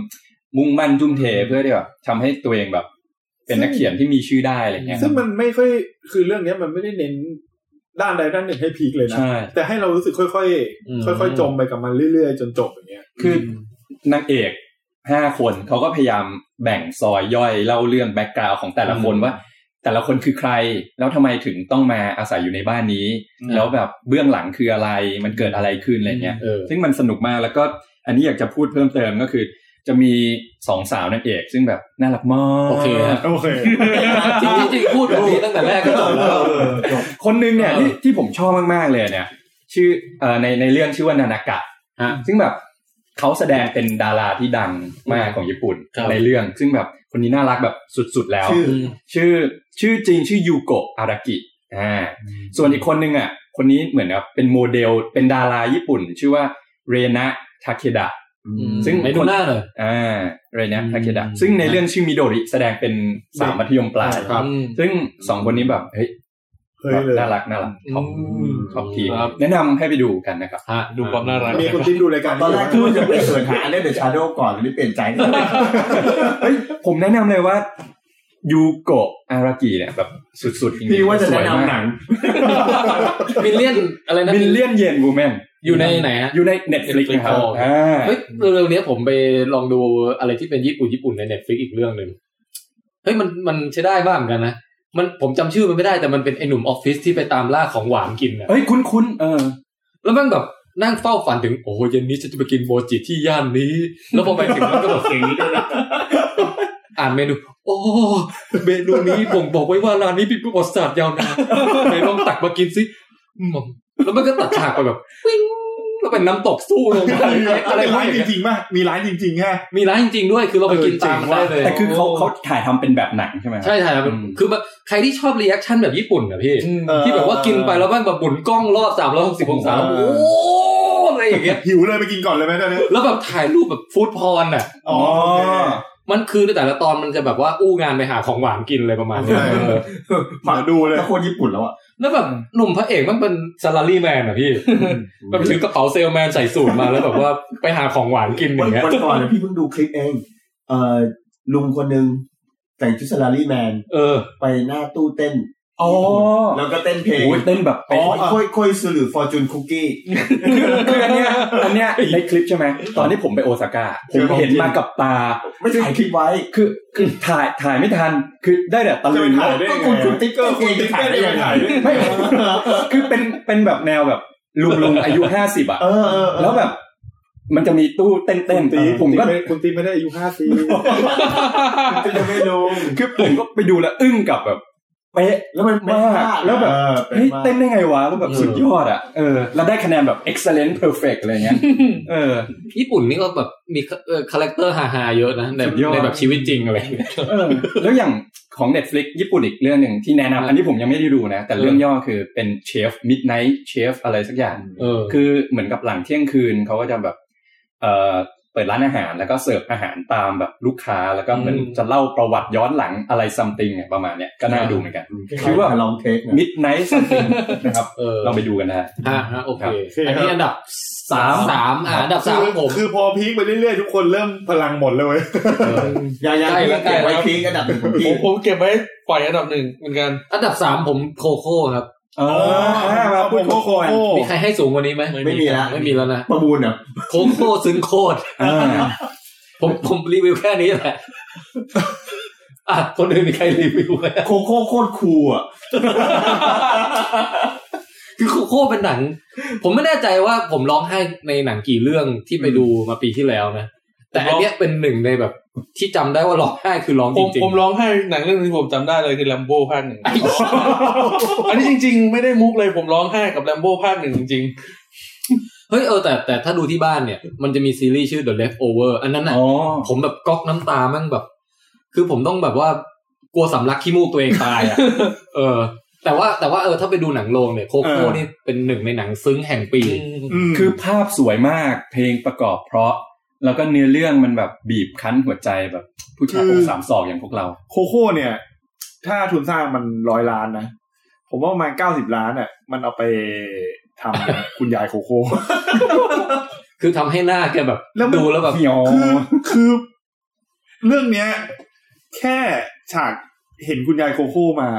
Speaker 7: มุ่งมั่นจุ่มเทเพื่อที่แบบทำให้ตัวเองแบบ เป็นนักเขียนที่มีชื่อได้อะไรเงี้ย
Speaker 2: ซึ่งมันไม่ค่อยคือเรื่องเนี้ยมันไม่ได้เน้นด้านใดด้านหนึ่งให้พีคเลยนะ
Speaker 7: ใช่
Speaker 2: แต่ให้เรารู้สึกค่อย
Speaker 1: อืม
Speaker 2: ๆ ค่อยๆ จมไปกับมันเรื่อยๆ จนจบอย่างเงี้ย
Speaker 7: คือนางเอกห้าคนเขาก็พยายามแบ่งซอยย่อยเล่าเรื่องแบ็กกราวของแต่ละคนว่า แต่ละคนคือใคร แล้วทำไมถึงต้องมาอาศัยอยู่ในบ้านนี้ แล้วแบบเบื้องหลังคืออะไรมันเกิดอะไรขึ้นอะไรเงี้ย
Speaker 1: เออ
Speaker 7: ซึ่งมันสนุกมากแล้วก็อันนี้อยากจะพูดเพิ่มเติมก็คือ จะมีสองสาวนางเอก ซึ่งแบบน่ารักมาก
Speaker 1: โอเคฮะ
Speaker 2: โอเค
Speaker 1: จริงๆจริงๆพูดแบบนี้ตั้งแต่แรกก็จบแล้ว
Speaker 7: คนหนึงเนี่ย
Speaker 1: เออ
Speaker 7: ที่ที่ผมชอบมากๆเลยเนี่ย ชื่อเอ่อในในเรื่องชื่อว่านานากะ
Speaker 1: ฮะ
Speaker 7: ซึ่งแบบเขาแสดงเป็นดาราที่ดังมากของญี่ปุ่น
Speaker 1: ครับ
Speaker 7: ในเรื่อง ซึ่งแบบคนนี้น่ารักแบบสุดๆแล้ว
Speaker 2: ชื่อ
Speaker 7: ชื่อชื่อจริงชื่อยูโกะอารากิอ่าส่วนอีกคนนึงอ่ะ คนนี้เหมือนกับเป็นโมเดลเป็นดาราญี่ปุ่น ชื่อว่าเรนะทาเคดะ ซึ่ง
Speaker 1: ไหนดูหน้าหน่อย
Speaker 7: อ่าเรนะทาเคดะ
Speaker 1: อืม
Speaker 7: ซึ่งในเรื่องชื่อมิโดริแสดงเป็นสาวมัธยมปลาย
Speaker 2: ครับ
Speaker 1: อืม
Speaker 7: ซึ่งสองคนนี้แบบเฮ้ย
Speaker 2: เฮ้ยเลย
Speaker 7: น่ารักน่ารักท็อป
Speaker 1: อืม
Speaker 7: ท็อปทีมแนะนำให้ไปดูกันนะครับ
Speaker 1: ฮะ
Speaker 10: ดูความน่ารัก
Speaker 2: มีคนติดดูรายการ
Speaker 4: ตอนแรก
Speaker 2: คื
Speaker 4: คือ อจะไปเสิร์ชหาเล่นเดอะชาโดว์ก่อนหรือเปลี่ยนใจ
Speaker 7: เฮ้ยผมแนะนำเลยว่ายูโกะอารากิเนี่ยแบบสุดๆจริงๆ
Speaker 4: พี่ว่าจะ
Speaker 7: สย
Speaker 4: แนะ
Speaker 7: มก
Speaker 4: นำหนัง
Speaker 1: [laughs] มิลเลียนอะไรนะ
Speaker 7: มิลเลียนเยนวูแมน
Speaker 1: อยู่ในไหนฮะ
Speaker 7: อยู่ใน Netflix นะครับ
Speaker 1: โอเค
Speaker 7: อ่า
Speaker 1: เฮ้ยเร็วๆเนี้ยผมไปลองดูอะไรที่เป็นญี่ปุ่นญี่ปุ่นในเน็ตฟลิกอีกเรื่องหนึ่งเฮ้ยมันมันใช้ได้บ้างเหมือนกันนะมันผมจำชื่อมันไม่ได้แต่มันเป็นไอหนุ่มออฟฟิศที่ไปตามล่าของหวานกินอะ
Speaker 7: เฮ้ยคุ้นๆเออ
Speaker 1: แล้วมันแบบนั่งเฝ้าฝันถึงโอ้โหเย็นนี้ฉันจะไปกินโมจิที่ย่านนี้ แล้วพอไปถึงมันก็แบบเสียงนี้ด้วยนะอ่านเมนู โอ้เมนูนี้บ่งบอกไว้ว่าร้านนี้เป็นประวัติศาสตร์ยาวนานไหนลองตักมากินสิอืมแล้วมันก็ตัดฉากไปแบบปิ้งแล้วเป็นน้ำตกสู้ลงมาอะไร
Speaker 2: เป็น
Speaker 1: วะ
Speaker 2: ร้าน
Speaker 1: อย่าง
Speaker 2: จ
Speaker 1: เงี้ย
Speaker 2: ริงๆป่ะมีร้านจริงๆฮะ
Speaker 1: มีร้านจริงๆด้วยคือเราไป
Speaker 2: เออ
Speaker 1: กินตาม
Speaker 2: จริง
Speaker 1: ได้
Speaker 2: ว่ะ
Speaker 1: เลย
Speaker 7: แต่คือเขาเขาถ่ายทำเป็นแบบหนังใช่ไหมครับ
Speaker 1: ใช่ถ่ายแบบ
Speaker 7: อืม
Speaker 1: คือแบบใครที่ชอบรีแอคชั่นแบบญี่ปุ่นอะพี่
Speaker 2: เออ
Speaker 1: ที่แบบว่ากินไปแล้วแม่งแบบบุนกล้องรอบสามร้อยหกสิบองศา
Speaker 2: เออ
Speaker 1: โอ้โหอะไรอย่างเงี้ย
Speaker 2: หิวเลยไปกินก่อนเลยไหมตอนนี้
Speaker 1: แล้วแบบถ่ายรูปแบบฟู้ดพอนอ่ะ
Speaker 2: อ๋อโอเค
Speaker 1: มันคือในแต่ละตอนมันจะแบบว่าอู้งานไปหาของหวานกินเลยประมาณเนี้ย
Speaker 2: ใช่
Speaker 1: เออ
Speaker 2: หมาดูเลย
Speaker 4: ถ้าคนญี่ปุ่นแล้วอ่ะ
Speaker 1: แล้วแบบหนุ่มพระเอกมันเป็นซาลารีแมนอะพี่แบบถือกระเป๋าเซลแมนใส่สูทมาแล้วแบบว่าไปหาของหวานกินอ
Speaker 4: วัน
Speaker 1: ย่างเงี้ย
Speaker 4: วันก่อนเนี่ยพี่เพิ่งดูคลิปเอง เอ่อลุงคนหนึ่งแต่งชุดสลารี่แมน
Speaker 1: เออ
Speaker 4: ไปหน้าตู้เต้น
Speaker 7: อ๋อ
Speaker 4: แล้วก็เต้นเพลง
Speaker 7: โอ้ยเต้นแบบ
Speaker 4: อ๋
Speaker 7: เป๊ะ
Speaker 4: อค่อยค่อยสือฟอร์จูนคุกกี้
Speaker 7: คืออันเนี้ยอันเนี้ยในคลิปใช่ไหมตอนที่ผมไปโอซาก้าผมเห็นมากับตา
Speaker 4: ไม่ถ่ายคลิปไว้
Speaker 7: คือคือถ่ายถ่ายไม่ทันคือได้แต่ตะ
Speaker 2: จะ
Speaker 7: ลึ
Speaker 2: ไป
Speaker 7: ง
Speaker 2: ถ่ายได้
Speaker 4: ก็
Speaker 2: ยัง
Speaker 4: คุณ
Speaker 2: ไง
Speaker 4: คุณติ๊กเกอร์คุณติ๊กเกอร์ได้ยังไง
Speaker 7: ไม่คือเป็นเป็นแบบแนวแบบลุงลุงอายุห้าสิบอะ
Speaker 4: เออเออเออ
Speaker 7: แล้วแบบ มันจะมีตู้เต้นเต้น
Speaker 2: ตี
Speaker 7: ผมก็
Speaker 2: คุณตีไม่ได้อายุห้าสิบ
Speaker 4: คุณติ๊กเกอร์ไม่รู้
Speaker 7: คือผมก็ไปดูแล้วอึ้งกับแบบเป๊ะ
Speaker 4: แล้วมันเป็นภาพ
Speaker 7: แล้วแบบ
Speaker 4: เออป็น
Speaker 7: เฮ้ย
Speaker 4: ภาพ
Speaker 7: เต้นได้ไงวะแล้วแบบสุดยอดอ่ะเออแล้วได้คะแนนแบบ excellent perfect อะไรเงี้ยเออ
Speaker 1: ญี่ปุ่นนี่ก็แบบมีเอ่อคาแรคเตอร์ฮาๆเยอะนะใน
Speaker 7: สุดยอด
Speaker 1: ในแบบชีวิตจริงอะไรอย่างเงี้ย
Speaker 7: เออ แล้วอย่างของ Netflix ญี่ปุ่นอีกเรื่องหนึ่งที่แนะนำอันนี้ผมยังไม่ได้ดูนะ แต่เรื่องย่อคือเป็นเชฟ midnight chef อะไรสักอย่าง
Speaker 1: เออ
Speaker 7: คือเหมือนกับหลังเที่ยงคืนเขาก็จะแบบเออเปิดร้านอาหารแล้วก็เสิร์ฟอาหารตามแบบลูกค้าแล้วก็เหมือน
Speaker 1: อืม
Speaker 7: จะเล่าประวัติย้อนหลังอะไร something เนี่ยประมาณเนี้ยก็น่าดูเหมือนกัน คิ
Speaker 4: คิ
Speaker 7: ด
Speaker 4: ด
Speaker 7: ว่า
Speaker 4: ว่าลองเทคนะ
Speaker 7: midnight something นะครับ
Speaker 1: เออ
Speaker 7: ลองไปดูกันได้
Speaker 1: ฮะฮะโอเค
Speaker 7: ครับ
Speaker 2: โอเค
Speaker 1: อันนี้อันดับ
Speaker 7: สาม
Speaker 1: สามอ่าอันดับ
Speaker 2: คื
Speaker 1: สาม
Speaker 2: อ
Speaker 1: ผม
Speaker 2: คือพอพีคไปเรื่อยๆ ทุกคนเริ่มพลังหมดเลยเว้ย
Speaker 4: ยายา
Speaker 1: ใกล้
Speaker 4: พี่
Speaker 1: แล้วใกล้
Speaker 4: เก็บไว้
Speaker 1: แล้ว
Speaker 4: พีกอันดับหนึ่งของ
Speaker 10: ผ
Speaker 4: พี่
Speaker 10: มผมเก็บไว้ปล่อยอันดับหนึ่งเหมือนกัน
Speaker 1: อันดับสามผมโคโค่ครับ
Speaker 7: เออมาพูด
Speaker 2: โคโค่
Speaker 7: กัน
Speaker 1: มีใครให้สูงกว่านี้ไหม
Speaker 4: ไม่มีละ
Speaker 1: ไม่มีแล้วนะ
Speaker 4: ประมูลเหรอ่ะ
Speaker 1: โคโค่ซึ้งโคตร
Speaker 7: อ่า
Speaker 1: ผมผมรีวิวแค่นี้แหละอ่ะคนอื่นมีใครรีวิวไหม
Speaker 4: โคโค่โคตรคูลอ่ะ
Speaker 1: คือโคโค่เป็นหนัง ผมไม่แน่ใจว่าผมร้องไห้ในหนังกี่เรื่องที่ไปดูมาปีที่แล้วนะแต่อันเนี้ยเป็นหนึ่งในแบบ ที่จำได้ว่าร้องไห้คือร้อง
Speaker 10: ผ
Speaker 1: จ
Speaker 10: ม
Speaker 1: ริง
Speaker 10: ผมร้องไห้หนังเรื่องหนึงที่ผมจำได้เลยคือแลมโบ้ภาคหนึ่งอันนี้จริง ๆ ไม่ได้มุกเลยผมร้องไห้กับแลมโบ้ภาคหนึ่งจริง
Speaker 1: ๆ ฮ้ยเออแต่แต่ถ้าดูที่บ้านเนี่ย มันจะมีซีรีส์ชื่อ The Leftover อันนั้นน่ะ
Speaker 7: อ๋อ
Speaker 1: ผมแบบก๊อกน้ำตามั่งแบบ คือผมต้องแบบว่ากลัวสำลักขี้มูกตัวเองตาย
Speaker 2: [laughs]
Speaker 1: อ่ะ เออ แต่ว่าแต่ว่าเออถ้าไปดูหนังโรงเนี่ยโคโค่
Speaker 2: เออ
Speaker 1: นี่เป็นหนึ่งในหนังซึ้งแห่งปี
Speaker 2: อืม
Speaker 7: คือภาพสวยมากเพลงประกอบเพราะ แล้วก็เนื้อเรื่องมันแบบบีบคั้นหัวใจแบบ ผู้ชายอกสามศอกอย่างพวกเรา
Speaker 2: โคโค่เนี่ย ถ้าทุนสร้างมันร้อยล้านนะ ผมว่าประมาณเก้าสิบล้านอ่ะ มันเอาไปทำเนี่ย คุณยายโคโค่
Speaker 1: คือทำให้หน้าแกแบบ
Speaker 2: แล้วมัน
Speaker 1: [laughs] ดูแล้ว
Speaker 2: [laughs]
Speaker 1: แบบ
Speaker 7: เหี่ยว
Speaker 2: คือคือเรื่องเนี้ย แค่ฉากเห็นคุณยายโคโค่มา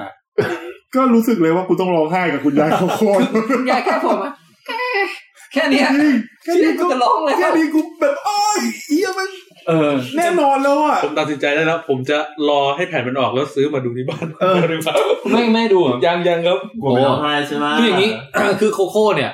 Speaker 2: ก็รู้สึกเลยว่ากูต้องร้องไห้กับคุณยายโคโค่
Speaker 1: [laughs] ยายแค่ผมอะแค่เนี้ย
Speaker 2: แค่
Speaker 1: ชีวิ
Speaker 2: นี้
Speaker 1: ตกู
Speaker 2: กู
Speaker 1: จะร้องแล้ว
Speaker 2: แค่นี้กูแบบโอ้ยเอี้ยมัน
Speaker 7: เออ
Speaker 2: แน่นอนแล้วอ่ะ
Speaker 10: ผมตัดสินใจได้แล้ว ผมจะรอให้แผ่นมันออกแล้วซื้อมาดูที่บ้าน
Speaker 2: เออ
Speaker 10: หรือเปล่า
Speaker 1: ไม่ไม่ดูอะ
Speaker 10: ยังยังครับ
Speaker 4: กลัวไม่ร้องไห้ใช่ไหม
Speaker 1: คืออย่างนี้ [coughs] คือโคโค่เนี่ย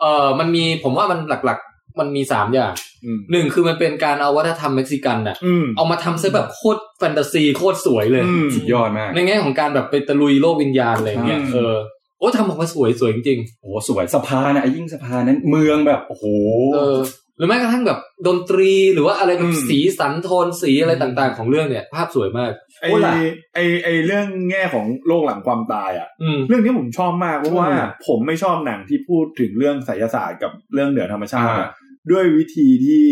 Speaker 1: เออมันมีผมว่ามันหลักๆ มันมีสามอย่าง
Speaker 2: อืม
Speaker 1: หนึ่งคือมันเป็นการเอาวัฒนธรรมเม็กซิกันน่ะ
Speaker 2: อืม
Speaker 1: เอามาทำซะแบบโคตรแฟนตาซีโคตรสวยเลย
Speaker 2: อืม
Speaker 7: สุดยอดมาก
Speaker 1: ในแง่ของการแบบไปตะลุยโลกวิญญาณอะไรอย่างเงี้ย
Speaker 2: อืม
Speaker 1: เออโอ้ทำออกมาสวยสวยจริง
Speaker 7: โอ้โหสวยสะพานนะไอ้ยิ่งสะพานนั้นเมืองแบบโอ้โห
Speaker 1: ๆเออ หรือแม้กระทั่งแบบดนตรีหรือว่าอะไรแบ
Speaker 2: อื
Speaker 1: บ
Speaker 2: ม
Speaker 1: สีสันโทนสีอะไรต่างๆ ของเรื่องเนี่ย ภาพสวยมาก
Speaker 2: ไอ
Speaker 1: โอ้ล่ะ
Speaker 2: ไอไอเรื่องแง่ของโลกหลังความตายอ่ะ
Speaker 1: อืม
Speaker 2: เรื่องนี้ผมชอบมากเพราะว่า
Speaker 7: อืม
Speaker 2: ผมไม่ชอบหนังที่พูดถึงเรื่องไสยศาสตร์กับเรื่องเหนือธรรมชาติ
Speaker 7: อ่า
Speaker 2: ด้วยวิธีที่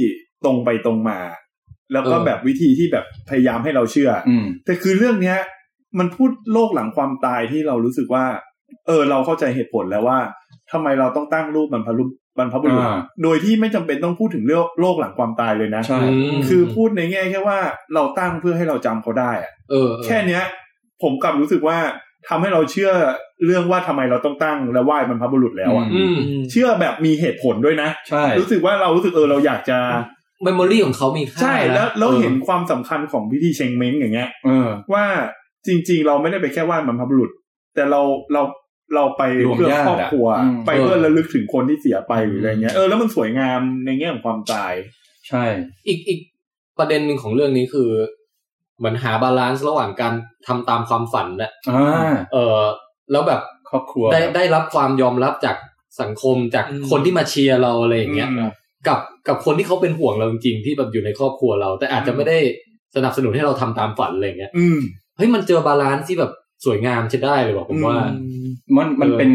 Speaker 2: ตรงไปตรงมา แล้วก็
Speaker 1: เออ
Speaker 2: แบบวิธีที่แบบพยายามให้เราเชื่ออ
Speaker 7: อืม
Speaker 2: แต่คือเรื่องเนี้ย มันพูดโลกหลังความตายที่เรารู้สึกว่า เออ เราเข้าใจเหตุผลแล้วว่าทำไมเราต้องตั้งรูปบรรพรุษบรรพบุรุษ
Speaker 7: อ่า
Speaker 2: โดยที่ไม่จำเป็นต้องพูดถึงเรื่องโลกหลังความตายเลยนะ
Speaker 7: ใช่
Speaker 1: ม
Speaker 2: คือพูดในแง่แค่ว่าเราตั้งเพื่อให้เราจำเขาได้อะ
Speaker 1: เออเออ
Speaker 2: แค่เนี้ย ผมกลับรู้สึกว่าทำให้เราเชื่อเรื่องว่าทำไมเราต้องตั้งและไหว้บรรพบุรุษแล้วอะ
Speaker 7: อื
Speaker 1: อืม
Speaker 2: เชื่อแบบมีเหตุผลด้วยนะ
Speaker 7: ใช่
Speaker 2: รู้สึกว่าเรารู้สึกเออเราอยากจะ
Speaker 1: เมมโมรี่ของเขามีค่า
Speaker 2: ใช่แล้ว
Speaker 1: นะ
Speaker 2: แล้ว
Speaker 1: ออ
Speaker 2: เห็นความสำคัญของพิธีเชงเม้งอย่างเงี้ย
Speaker 7: เออ
Speaker 2: ว่าจริง ๆ เราไม่ได้ไปแค่ไหว้บรรพบุรุษ แต่เราเราเราไป
Speaker 7: รวม
Speaker 2: เพื่อ
Speaker 7: ญาติ
Speaker 2: ครอบครัว
Speaker 7: อะอืม
Speaker 2: ไปเพื่อระลึกถึงคนที่เสียไปหรืออะไรเงี้ยเออแล้วมันสวยงามในแง่ของความตาย
Speaker 7: ใช่
Speaker 1: อีกอีกประเด็นหนึ่งของเรื่องนี้คือ เหมือนหาบาลานซ์ระหว่างการทำตามความฝันและ
Speaker 7: อ่า
Speaker 1: เออแล้วแบบ
Speaker 7: ครอบครัว
Speaker 1: ได้ได้รับความยอมรับจากสังคมจาก
Speaker 10: อืม
Speaker 1: คนที่มาเชียร์เราอะไรอย่างเงี้ย
Speaker 2: อืม
Speaker 1: กับกับคนที่เขาเป็นห่วงเราจริงๆที่แบบอยู่ในครอบครัวเรา แต่อาจจะไม่ได้สนับสนุนให้เราทำตามฝันอะไรอย่างเงี้ย
Speaker 2: อืม
Speaker 1: เฮ้ยมันเจอบาลานซ์ที่แบบสวยงามใช้ได้เลยว่ะผมว่า
Speaker 2: อื
Speaker 7: มันมัน
Speaker 1: เออ
Speaker 7: เป็น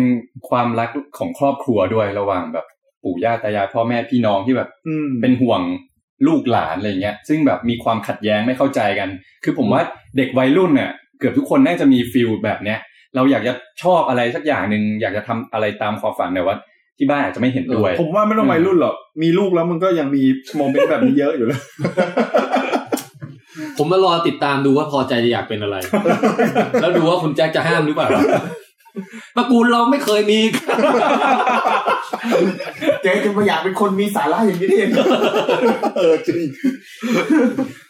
Speaker 7: ความรักของครอบครัวด้วยระหว่างแบบปู่ย่าตายายพ่อแม่พี่น้องที่แบบ
Speaker 2: อืม
Speaker 7: เป็นห่วงลูกหลานอะไรเงี้ย ซึ่งแบบมีความขัดแย้งไม่เข้าใจกัน คือผมว่าเด็กวัยรุ่นเนี่ยเกือบทุกคนน่าจะมีฟิลแบบเนี้ย เราอยากจะชอบอะไรสักอย่างหนึ่งอยากจะทำอะไรตามความฝันแต่ว่าที่บ้านอาจจะไม่เห็นด้วย
Speaker 2: ผมว่าไม่ต้องวัยรุ่นหรอกมีลูกแล้วมันก็ยังมีโมเมนต์แบบนี้เยอะอยู่แล้ว
Speaker 1: ผมมารอติดตามดูว่าพอใจจะอยากเป็นอะไร [laughs] แล้วดูว่าคุณแจ็คจะห้ามหรือเปล่า [laughs] ตระกูลเราไม่เคยมี
Speaker 4: เจ๊จะมาอยากเป็นคนมีสาระอย่างนี้ได้ยังไง
Speaker 2: เออจริง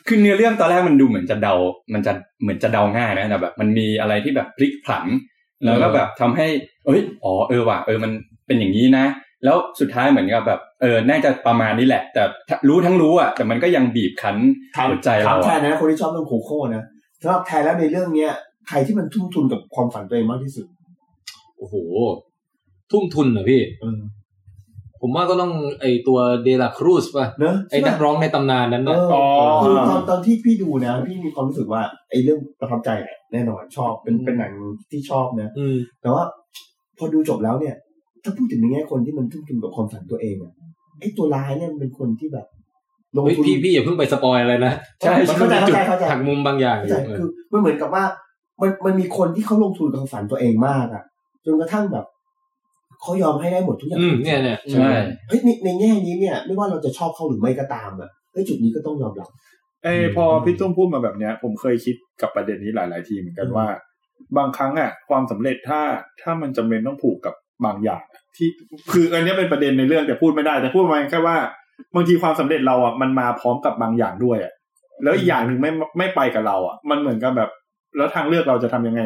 Speaker 7: คือเนื้อเรื่องตอนแรกมันดูเหมือนจะเดา มันจะเหมือนจะเดาง่ายนะแต่แบบ มันมีอะไรที่แบบพลิกผลัน แล้วก็แบบทำให้ เอ้ย อ๋อ เออว่ะ เออ มันเป็นอย่างนี้นะ แล้วสุดท้ายเหมือนกับแบบ เออ น่าจะประมาณนี้แหละ แต่รู้ทั้งรู้อ่ะ แต่มันก็ยังบีบคั้นหัวใจ
Speaker 4: ถา
Speaker 7: เรา
Speaker 4: มแท
Speaker 7: อะ
Speaker 4: นนะคนที่ชอบเรื่องโคโค่นะสำหรับแทนแล้วในเรื่องเนี้ยใครที่มันทุ่มทุนกับความฝันตัวเองมากที่สุด
Speaker 1: โอ้โห ทุ่มทุนเหรอพี่
Speaker 4: เออ
Speaker 1: ผมว่าก็ต้องไอตัวเดลาครูสป่ะ
Speaker 4: เนอะ
Speaker 1: ไอ้นักร้องในตำนานนั้น
Speaker 4: เอ
Speaker 1: นะ
Speaker 4: อ
Speaker 2: อ๋อ
Speaker 4: คือตอนตอนที่พี่ดูนะ พี่มีความรู้สึกว่าไอ้เรื่องประทับใจแหละแน่นอนชอบเป็นเป็นหนังที่ชอบนะ
Speaker 1: อืม
Speaker 4: แต่ว่าพอดูจบแล้วเนี่ย ถ้าพูดถึงในแง่คนที่มันทุ่มทุนกับความฝันตัวเองอะไอ้ตัวร้ายเนี่ยมันเป็นคนที่แบบลง
Speaker 1: เฮ้ย
Speaker 4: ทุน
Speaker 1: พี่พี่อย่าเพิ่งไปสปอยอะไรนะ
Speaker 4: ใช่
Speaker 1: มัน
Speaker 4: เข้าใจ
Speaker 1: มีจุด
Speaker 4: เข้าใจ
Speaker 1: หักมุมบางอย่างอ
Speaker 4: เข้าใจ
Speaker 1: ยู่เอ
Speaker 4: คือ
Speaker 1: อ
Speaker 4: มันเหมือนกับว่า มันมันมีคนที่เขาลงทุนกับความฝันตัวเองมากอะจนกระทั่งแบบเขายอมให้ได้หมดทุกอย่าง
Speaker 1: อืมเนี่ยเนี่ย
Speaker 7: ใช่
Speaker 4: เฮ้ยในในแง่นี้เนี่ย ไม่ว่าเราจะชอบเขาหรือไม่ก็ตามอะเอ้ยจุดนี้ก็ต้องยอมรับ
Speaker 2: เอยพอพี่ตุ้มพูดมาแบบเนี้ย ผมเคยคิดกับประเด็นนี้หลาย ๆ ทีเหมือนกันว่า บางครั้งอ่ะ ความสำเร็จถ้าถ้ามันจำเป็นต้องผูกกับบางอย่างอะที่คืออันเนี้ยเป็นประเด็นในเรื่องแต่พูดไม่ได้ แต่พูดมาแค่ว่าบางทีความสำเร็จเราอ่ะมันมาพร้อมกับบางอย่างด้วยอ่ะแล้วอีกอย่างหนึ่งไม่ไม่ไปกับเราอ่ะ มันเหมือนกับแบบ แล้วทางเลือกเราจะทำยังไง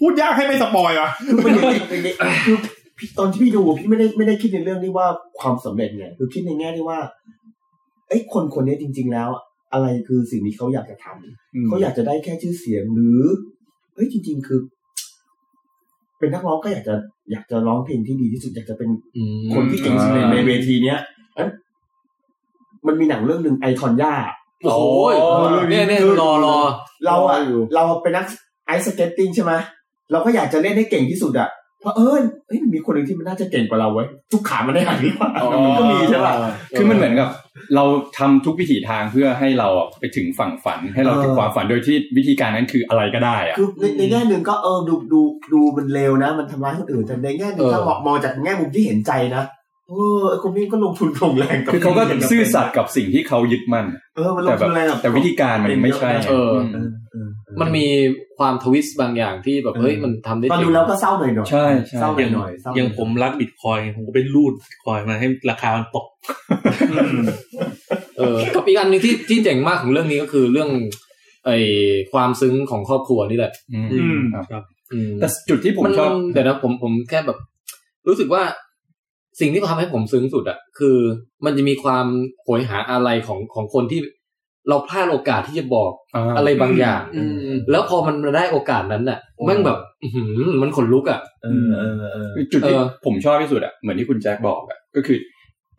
Speaker 2: พูดยากให้ไม่สปอยล์อ่ะ
Speaker 4: คือมันอย่างนี้คือพี่ตอนที่พี่ดูพี่ไม่ได้ไม่ได้คิดในเรื่องที่ว่าความสำเร็จเนี่ยคือคิดในแง่ที่ว่าไอ้ยคนคนนี้จริง ๆ แล้ว อะไรคือสิ่งที่เขาอยากจะทำเขาอยากจะได้แค่ชื่อเสียงหรือเอ้ยจริง ๆ คือ เป็นนักร้องก็อยากจะอยากจะร้องเพลงที่ดีที่สุดอยากจะเป็น
Speaker 1: อืม
Speaker 4: คนที่เก่งที่สุดใน
Speaker 7: อ่า
Speaker 4: ในเวทีเนี้ยเอ้ยมันมีหนังเรื่องหนึ่งไอคอนย่า
Speaker 1: โอ้โหเนี่ยเนี่ยรอรอ
Speaker 4: เราอะเราเป็นนักไอสเก็ตติ้งใช่ไหมเราก็อยากจะเล่นให้เก่งที่สุดอะเพราะเอิญเฮ้ยมันมีคนหนึ่งที่มันน่าจะเก่งกว่าเราเว้ยทุกขามันได้หักหรือเปล่ามันก็มีใช่ป่ะ
Speaker 7: คือมันเหมือนกับ เราทำทุกวิถีทางเพื่อให้เราอะไปถึงฝั่งฝัน ให้เราถึงความฝันโดยที่วิธีการนั้นคืออะไรก็ได้อะ
Speaker 4: คือในในแง่หนึ่งก็เออดูดูดูมันเลวนะ มันทำร้ายคนอื่นแต่ในแง่หนึ่งถ้ามองมองจากแง่มุมที่เห็นใจนะเออไอ้คนนี้ก็ลงทุนลงแรงกับ
Speaker 7: คือเขาก็ซื่อสัตย์กับสิ่งที่เขายึดมั่น
Speaker 4: เออมันล
Speaker 7: แต่
Speaker 4: ง
Speaker 7: แบ
Speaker 4: ทุ
Speaker 7: บ
Speaker 4: นแรงกับ
Speaker 7: แต่วิธีการมันไม่ใช่
Speaker 1: เออ
Speaker 4: เออเออเออ
Speaker 1: มันมีความทวิสต์บางอย่างที่แบบเฮ้ยมันทำได้
Speaker 4: ตอน
Speaker 1: จริ
Speaker 4: ดู
Speaker 1: ง
Speaker 4: แล้วก็เศร้าหน่อยหน่อย
Speaker 7: ใช่ใช่
Speaker 4: เศร้า
Speaker 10: อ
Speaker 4: หน่
Speaker 10: ย่า
Speaker 4: อง ยหน่อยเศร้าหน่
Speaker 10: อย่างผมรักบิตคอยน์ผมก็ไปรูดบิตคอยน์มาให้ราคามันตก
Speaker 1: เออกับอีกอันหนึงที่ที่เจ๋งมากของเรื่องนี้ก็คือเรื่องไอความซึ้งของครอบครัวนี่แหละ
Speaker 7: อืม
Speaker 2: อืม
Speaker 1: อืม
Speaker 7: แต่จุดที่ผม
Speaker 1: มัน
Speaker 7: ชอบ
Speaker 1: เดี๋ยวนะผมผมแค่แบบ รู้สึกว่าสิ่งที่ทำให้ผมซึ้งสุดอะคือมันจะมีความโหยหาอะไรของของคนที่เราพลาดโอกาสที่จะบอก
Speaker 7: า
Speaker 1: อะไรบางอย่าง
Speaker 3: อืม
Speaker 1: แล้วพอมันได้โอกาสนั้นน่ะแมันแบบอื้อหือมันขนลุกอะ
Speaker 4: เออเออเออ
Speaker 7: จุดที่
Speaker 1: เออ
Speaker 7: ผมชอบที่สุดอ่ะเหมือนที่คุณแจ็คบอกอ่ะก็คือ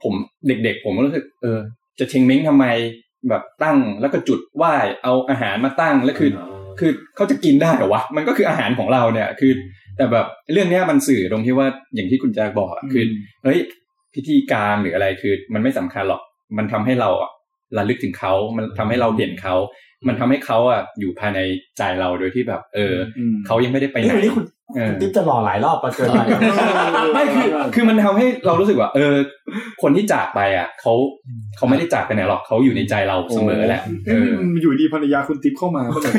Speaker 7: ผมเด็กๆ ผมก็รู้สึก เออ จะเชงเม้งทำไมแบบตั้งแล้วก็จุดไหว้เอาอาหารมาตั้งแล้วคือ คือเขาจะกินได้เหรอวะ มันก็คืออาหารของเราเนี่ย คือ แต่แบบเรื่องเนี้ยมันสื่อตรงที่ว่าอย่างที่คุณแจ็คบอกอะคือ เฮ้ยพิธีการหรืออะไรคือ มันไม่สำคัญหรอก มันทำให้เราอะระลึกถึงเขา มันทำให้เราเห็นเขา มันทำให้เขาอะอยู่ภายในใจเราโดยที่แบบ เอออ
Speaker 2: ม
Speaker 7: เขายังไม่ได้ไปไหน
Speaker 4: นี่วันนี้คุณ
Speaker 7: เออ
Speaker 4: คุณติ๊บจะหล่อหลายรอบประเกินไป
Speaker 7: ไม่คือคือมันทำให้เรารู้สึกว่า เออ คนที่จากไปอ่ะเขาเขาไม่ได้จากไปไหนหรอกเขาอยู่ในใจเราเสมอแหละเอ
Speaker 2: เอ้ย
Speaker 7: อ
Speaker 2: มันอยู่ดีภรรยาคุณติ๊บเข้ามาก็แบบ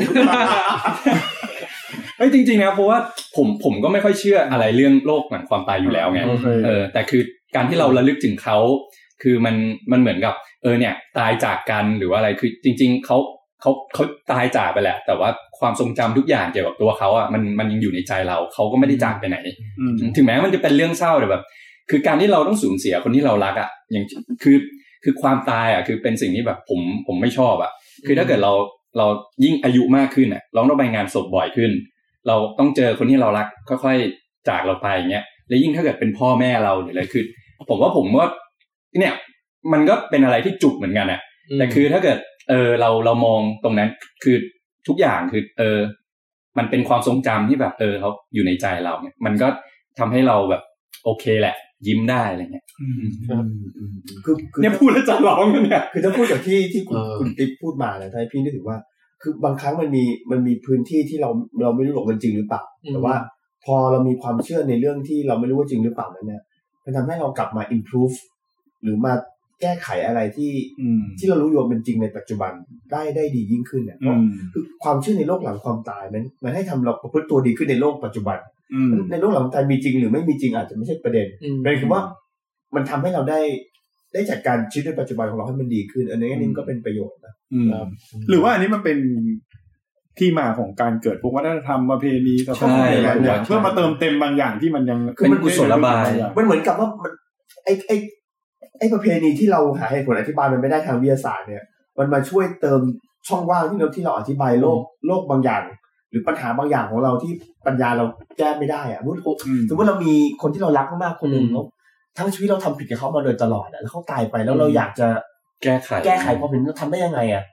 Speaker 7: เอ้ยจริงๆนะเพราะว่าผมผมก็ไม่ค่อยเชื่ออะไรเรื่องโลกหลังความตาย [laughs] อยู่แล้วไง
Speaker 2: โอเค
Speaker 7: เออแต่คือการที่เราระลึกถึงเขาคือมันมันเหมือนกับ เออเนี่ย ตายจากกันหรือว่าอะไรคือจริง ๆเขาเขาเขาตายจากไปแหละ แต่ว่าความทรงจำทุกอย่างเกี่ยวกับตัวเขาอ่ะมันมันยังอยู่ในใจเราเขาก็ไม่ได้จากไปไหน
Speaker 2: ม
Speaker 7: ถึงแม้มันจะเป็นเรื่องเศร้าแต่แบบ คือการที่เราต้องสูญเสียคนที่เรารักอ่ะอย่างคือคือความตายอ่ะคือเป็นสิ่งที่แบบผมผมไม่ชอบอ่ะ คือถ้าเกิดเราเรายิ่งอายุมากขึ้นอ่ะเราต้องไปงานศพบ่อยขึ้น เราต้องเจอคนที่เรารักค่อยๆจากเราไปอย่างเงี้ยแล้วยิ่งถ้าเกิดเป็นพ่อแม่เราหรืออะไรคือผมว่าผมว่าเนี่ยมันก็เป็นอะไรที่จุกเหมือนกันอ่ะ แต่คือถ้าเกิดเออเราเรามองตรงนั้นคือทุกอย่างคือเออ มันเป็นความทรงจำที่แบบเออเขาอยู่ในใจเราเนี่ย มันก็ทำให้เราแบบ โอเคแหละ ยิ้มได้อะไรเงี้ย
Speaker 4: คือคือ
Speaker 7: เนี่ยพูดแล้วจะร้องเลยเนี่ย
Speaker 4: คือถ้าพูดจากที่ที่คุณ
Speaker 1: เออ
Speaker 4: คุณติ๊บพูดมาเนี่ยทำให้พี่นึกถึงว่า คือบางครั้งมันมีมันมีพื้นที่ที่เราเราไม่รู้หรอกมันจริงหรือเปล่า แต่ว่าพอเรามีความเชื่อในเรื่องที่เราไม่รู้ว่าจริงหรือเปล่านั้นเนี่ยมันทำให้เรากลับมา improve หรือมาแก้ไขอะไรที่
Speaker 2: อืม
Speaker 4: ที่เรารู้อยู่ว่าเป็นจริงในปัจจุบันได้ได้ดียิ่งขึ้นเนี่ยเพ
Speaker 2: อื
Speaker 4: ราะ
Speaker 2: ม
Speaker 4: คือความเชื่อในโลกหลังความตายนั้นมันให้ทำเราประพฤติตัวดีขึ้นในโลกปัจจุบัน
Speaker 2: อืม
Speaker 4: ในโลกหลังความตายมีจริงหรือไม่มีจริงอาจจะไม่ใช่ประเด็น เป็นคือว่ามันทำให้เราได้ได้จัดการชีวิตในปัจจุบันของเราให้มันดีขึ้น อันนี้นี่ก็เป็นประโยชน์นะ
Speaker 2: อืม
Speaker 4: ครับ
Speaker 2: หรือว่าอันนี้มันเป็นที่มาของการเกิดพวกวัฒนธรรมประเพณีต่าง
Speaker 7: ใช่
Speaker 2: ๆอะไรเนี่ย
Speaker 7: ใช่
Speaker 2: เพื่อมาเติมเต็มบางอย่างที่มันยัง
Speaker 7: คือมันเป็นกุศลบาย
Speaker 4: มันเหมือนกับว่ามันไอไอไอประเพณีที่เราหาเหตุผลอธิบายมันไม่ได้ทางวิทยาศาสตร์เนี่ย มันมาช่วยเติมช่องว่างที่เราที่เราอธิบายโลกโลกบางอย่าง หรือปัญหาบางอย่างของเราที่ปัญญาเราแก้ไม่ได้อะสมมุติ
Speaker 2: อืม
Speaker 4: สมมติเรามีคนที่เรารักมากๆคนหนึ่งแล้วทั้งชีวิตเราทำผิดกับเขามาโดยตลอดอะแล้วเขาตายไปแล้วเราอยากจะ
Speaker 7: แก้ไข
Speaker 4: แก้ไขความเป็นเราทำได้ยังไงอะ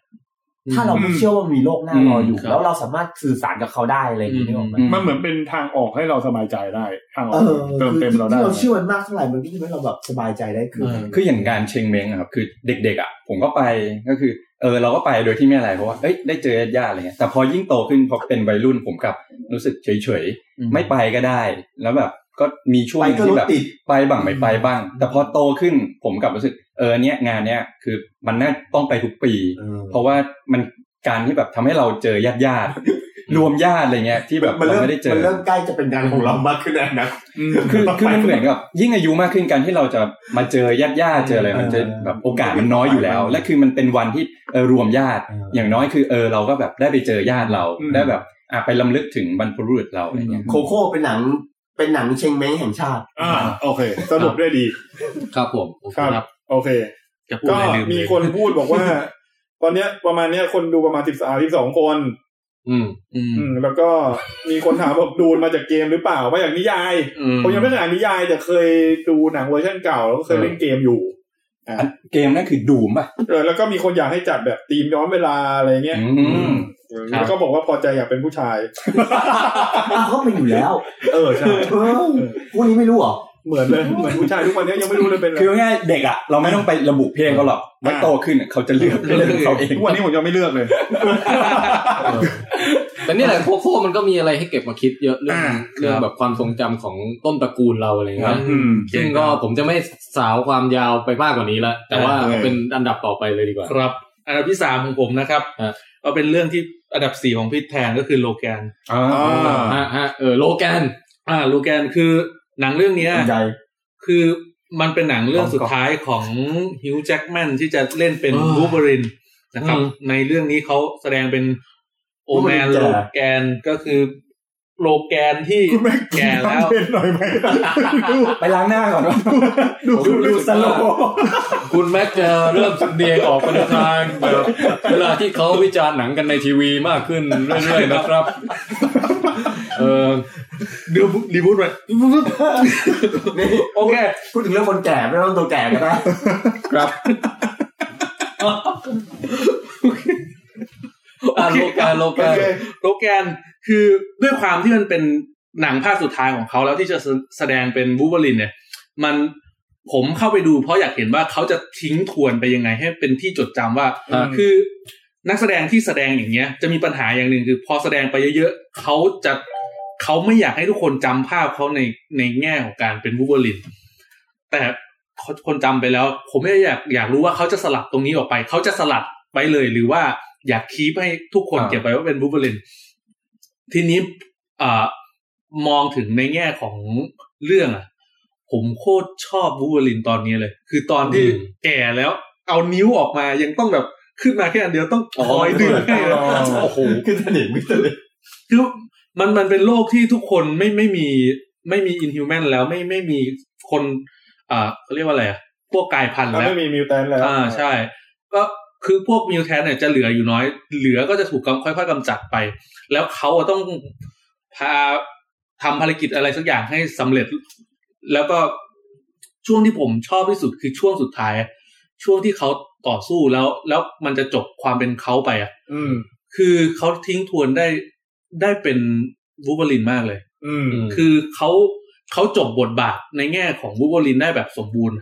Speaker 4: ถ้าเราไม่เชื่อว่ามีโลกหน้ารออยู่
Speaker 3: อืมครับ
Speaker 4: แล้วเราสามารถสื่อสารกับเขาได้อะไรอย่างนี้นึกออกไหม
Speaker 7: อื
Speaker 2: มันเหมือนเป็นทางออกให้เราสบายใจได้ทางออ
Speaker 4: เอก อ
Speaker 2: เติมเต็มเราได้
Speaker 4: ที่เราเชื่อมันมากเท่าไหร่มันก็ทำให้เราแบบสบายใจได้ขึ้น
Speaker 7: คืออย่างการเชงเม้งอะครับคือเด็กๆอ่ะผมก็ไปก็คือ เออเราก็ไปโดยที่ไม่อะไรเพราะว่าเอ้ยได้เจอญาติๆอะไรเงี้ยแต่พอยิ่งโตขึ้นพอเป็นวัยรุ่นผมกลับรู้สึกเฉยๆไม่ไปก็ได้ แล้วแบบก็มีช่วง
Speaker 4: ไป
Speaker 7: ห
Speaker 4: ก็ร
Speaker 7: นึ่งที่
Speaker 4: ถ
Speaker 7: แบบ
Speaker 4: ติด
Speaker 7: ไปบ้างไม่ไปบ้าง แต่พอโตขึ้นผมกลับรู้สึกเออเนี้ยงานเนี้ยคือมันน่าต้องไปทุกปี
Speaker 4: เออ
Speaker 7: เพราะว่ามันการที่แบบทำให้เราเจอญาติญาติๆ รวมญาติอะไรเงี้ยที่แบบ
Speaker 4: มัน
Speaker 7: เรา
Speaker 4: เริ่ม
Speaker 7: ไม่ได้เจอ
Speaker 4: มันเริ่มใกล้จะเป็นงานของเรามากขึ้นแล้วนะ
Speaker 7: คือคือมันเหมือนกับยิ่งอายุมากขึ้นการที่เราจะมาเจอญาติญาติเจออะไร
Speaker 4: เออ
Speaker 7: มันจะแบบโอกาสมันน้อยอยู่แล้ว และคือมันเป็นวันที่เออรวมญาติ
Speaker 4: เออ
Speaker 7: อ
Speaker 4: อ
Speaker 7: ย่างน้อยคือเออเราก็แบบได้ไปเจอญาติเราได้แบบอ่ะไปลำลึกถึงบรรพบุรุษเราอะไรเงี้ย
Speaker 4: โคโค่เป็นหนังเป็นหนังเชงเม้งแห่งชาติ [laughs]
Speaker 2: อ่าโอเค สรุปได้ดี
Speaker 1: ครับผม
Speaker 2: ครับ โอเค
Speaker 10: จะพูด
Speaker 2: ก็
Speaker 10: อะไรลืม
Speaker 2: มี
Speaker 10: เลย
Speaker 2: [laughs] คนพูดบอกว่า ตอนเนี้ยประมาณเนี้ยคนดูประมาณสิบสามสิบสองคน
Speaker 1: อืม
Speaker 11: อืม
Speaker 2: อืมแล้วก็มีคนถามบอกดูมาจากเกมหรือเปล่าว่าอย่างนิยาย
Speaker 11: อืม
Speaker 2: ผมยังไม่เคยอ่านนิยายแต่เคยดูหนังเวอร์ชันเก่าแล้วก็เคยเล่นเกมอยู่อ่ะ
Speaker 7: เกมนั่นคือดูมป่ะ
Speaker 2: เออแล้วก็มีคนอยากให้จัดแบบธีมย้อนเวลาอะไรเงี้ย
Speaker 7: อืม
Speaker 2: เออแล้วก็บอกว่าพอใจอยากเป็นผู้ชาย
Speaker 4: อ้าวเขาเป็นอยู่แล้ว
Speaker 2: เออใช่
Speaker 4: เออพวกนี้ไม่รู้เหรอ
Speaker 2: เหมือนเลยเหมือนผู้ชายทุกวันนี้ยังไม่รู้เลยเป็นอะไร
Speaker 7: คือง่ายๆเด็กอ่ะ เราไม่ต้องไประบุเพศเขาหรอกเมื่อโตขึ้นอะเขาจะเลือกเรื่องของเขาเอง
Speaker 2: ทุกวันนี้ผมยังไม่เลือกเลย
Speaker 1: แต่นี่แหละโคโค่มันก็มีอะไรให้เก็บมาคิดเยอะเรื่องเรื่องแบบความทรงจำของต้นตระกูลเราอะไรเงี้ย
Speaker 2: อืม
Speaker 1: ซึ่งก็ผมจะไม่สาวความยาวไปมากกว่านี้ละแต่ว่า
Speaker 2: เออ
Speaker 1: เป็นอันดับต่อไปเลยดีกว่า
Speaker 3: ครับ อันดับที่สามของผมนะครับ
Speaker 1: ฮะ
Speaker 3: เอาเป็นเรื่องที่อันดับสี่ของพี่แทนก็คือโลแกน
Speaker 2: อ่า
Speaker 1: ฮะฮะเออโลแกน
Speaker 3: อ่าโลแกนคือหนังเรื่องเนี้ย
Speaker 4: สนใจ
Speaker 3: คือมันเป็นหนังเรื่องสุดท้ายของฮิวจ์แจ็กแมนที่จะเล่นเป็น
Speaker 1: เออ
Speaker 3: บูเบรินนะครับ
Speaker 1: อืม
Speaker 3: ในเรื่องนี้เขาแสดงเป็นโอแมน
Speaker 4: Wolverine จ้ะ
Speaker 3: โลแกนก็คือโลแกนที่
Speaker 2: คุณแม่งกิน
Speaker 3: แก่แล้ว
Speaker 2: น้ำเย็นหน่อยไหม
Speaker 7: ไปล้างหน้าก่อนว่า
Speaker 2: ดูดูดูสโลว์
Speaker 1: คุณแม็กจะเริ่มสำเนียงออกเป็นทางแบบเวลาที่เขาวิจารณ์หนังกันในทีวีมากขึ้นเรื่อยๆนะครับ เออ
Speaker 3: ดูรีบูทไปโอเค
Speaker 4: พูดถึงเรื่องคนแก่ไม่ต้องตัวแก่ก็ได้
Speaker 1: อ่ะโลแกนโลแก
Speaker 2: โอน เค
Speaker 3: โลแกนคือด้วยความที่มันเป็นหนังภาคสุดท้ายของเขาแล้วที่จะแสดงเป็นวูล์ฟเวอรินเนี่ย มันผมเข้าไปดูเพราะอยากเห็นว่าเขาจะทิ้งทวนไปยังไงให้เป็นที่จดจำว่า คือนักแสดงที่แสดงอย่างเงี้ย จะมีปัญหาอย่างหนึ่งคือพอแสดงไปเยอะๆเขาจะเขาไม่อยากให้ทุกคนจำภาพเขาในในแง่ของการเป็นวูล์ฟเวอริน แต่คนจำไปแล้ว ผมไม่อยากอยากรู้ว่าเขาจะสลัดตรงนี้ออกไป เขาจะสลัดไปเลยหรือว่าอยากคีปให้ทุกคน
Speaker 7: อ่า
Speaker 3: เก็บไว้ว่าเป็นบูเบลิน ทีนี้เอ่อมองถึงในแง่ของเรื่องอะผมโคตรชอบบูเบลินตอนนี้เลย คือตอนที่แก่แล้ว เอานิ้วออกมายังต้องแบบขึ้นมาแค่อันเดียวต้องคอยดึงให้เลย
Speaker 4: โอ้โหขึ้นสนิมขึ้นสนิม
Speaker 3: คือมันมันเป็นโลกที่ทุกคนไม่ไม่มีไม่มีอินฮิวแมนแล้วไม่ไม่มีคนอ่าเขาเรียกว่าอะไรอะพวกกายพันธุ์
Speaker 2: แล้ว
Speaker 3: แล้ว
Speaker 2: ไม่มีมิวแทนแล้ว
Speaker 3: อ่าใช่ ก็คือพวกมิวแทนเนี่ยจะเหลืออยู่น้อย เหลือก็จะถูกกำค่อยๆกำจัดไป แล้วเขาอะต้องพาทำภารกิจอะไรสักอย่างให้สำเร็จ แล้วก็ช่วงที่ผมชอบที่สุดคือช่วงสุดท้าย ช่วงที่เขาต่อสู้แล้ว แล้วมันจะจบความเป็นเขาไปอะ
Speaker 2: อืม
Speaker 3: คือเขาทิ้งทวนได้ได้เป็นวูล์ฟเวอรินมากเลย
Speaker 2: อืม
Speaker 3: คือเขาเขาจบบทบาทในแง่ของวูล์ฟเวอรินได้แบบสมบูรณ์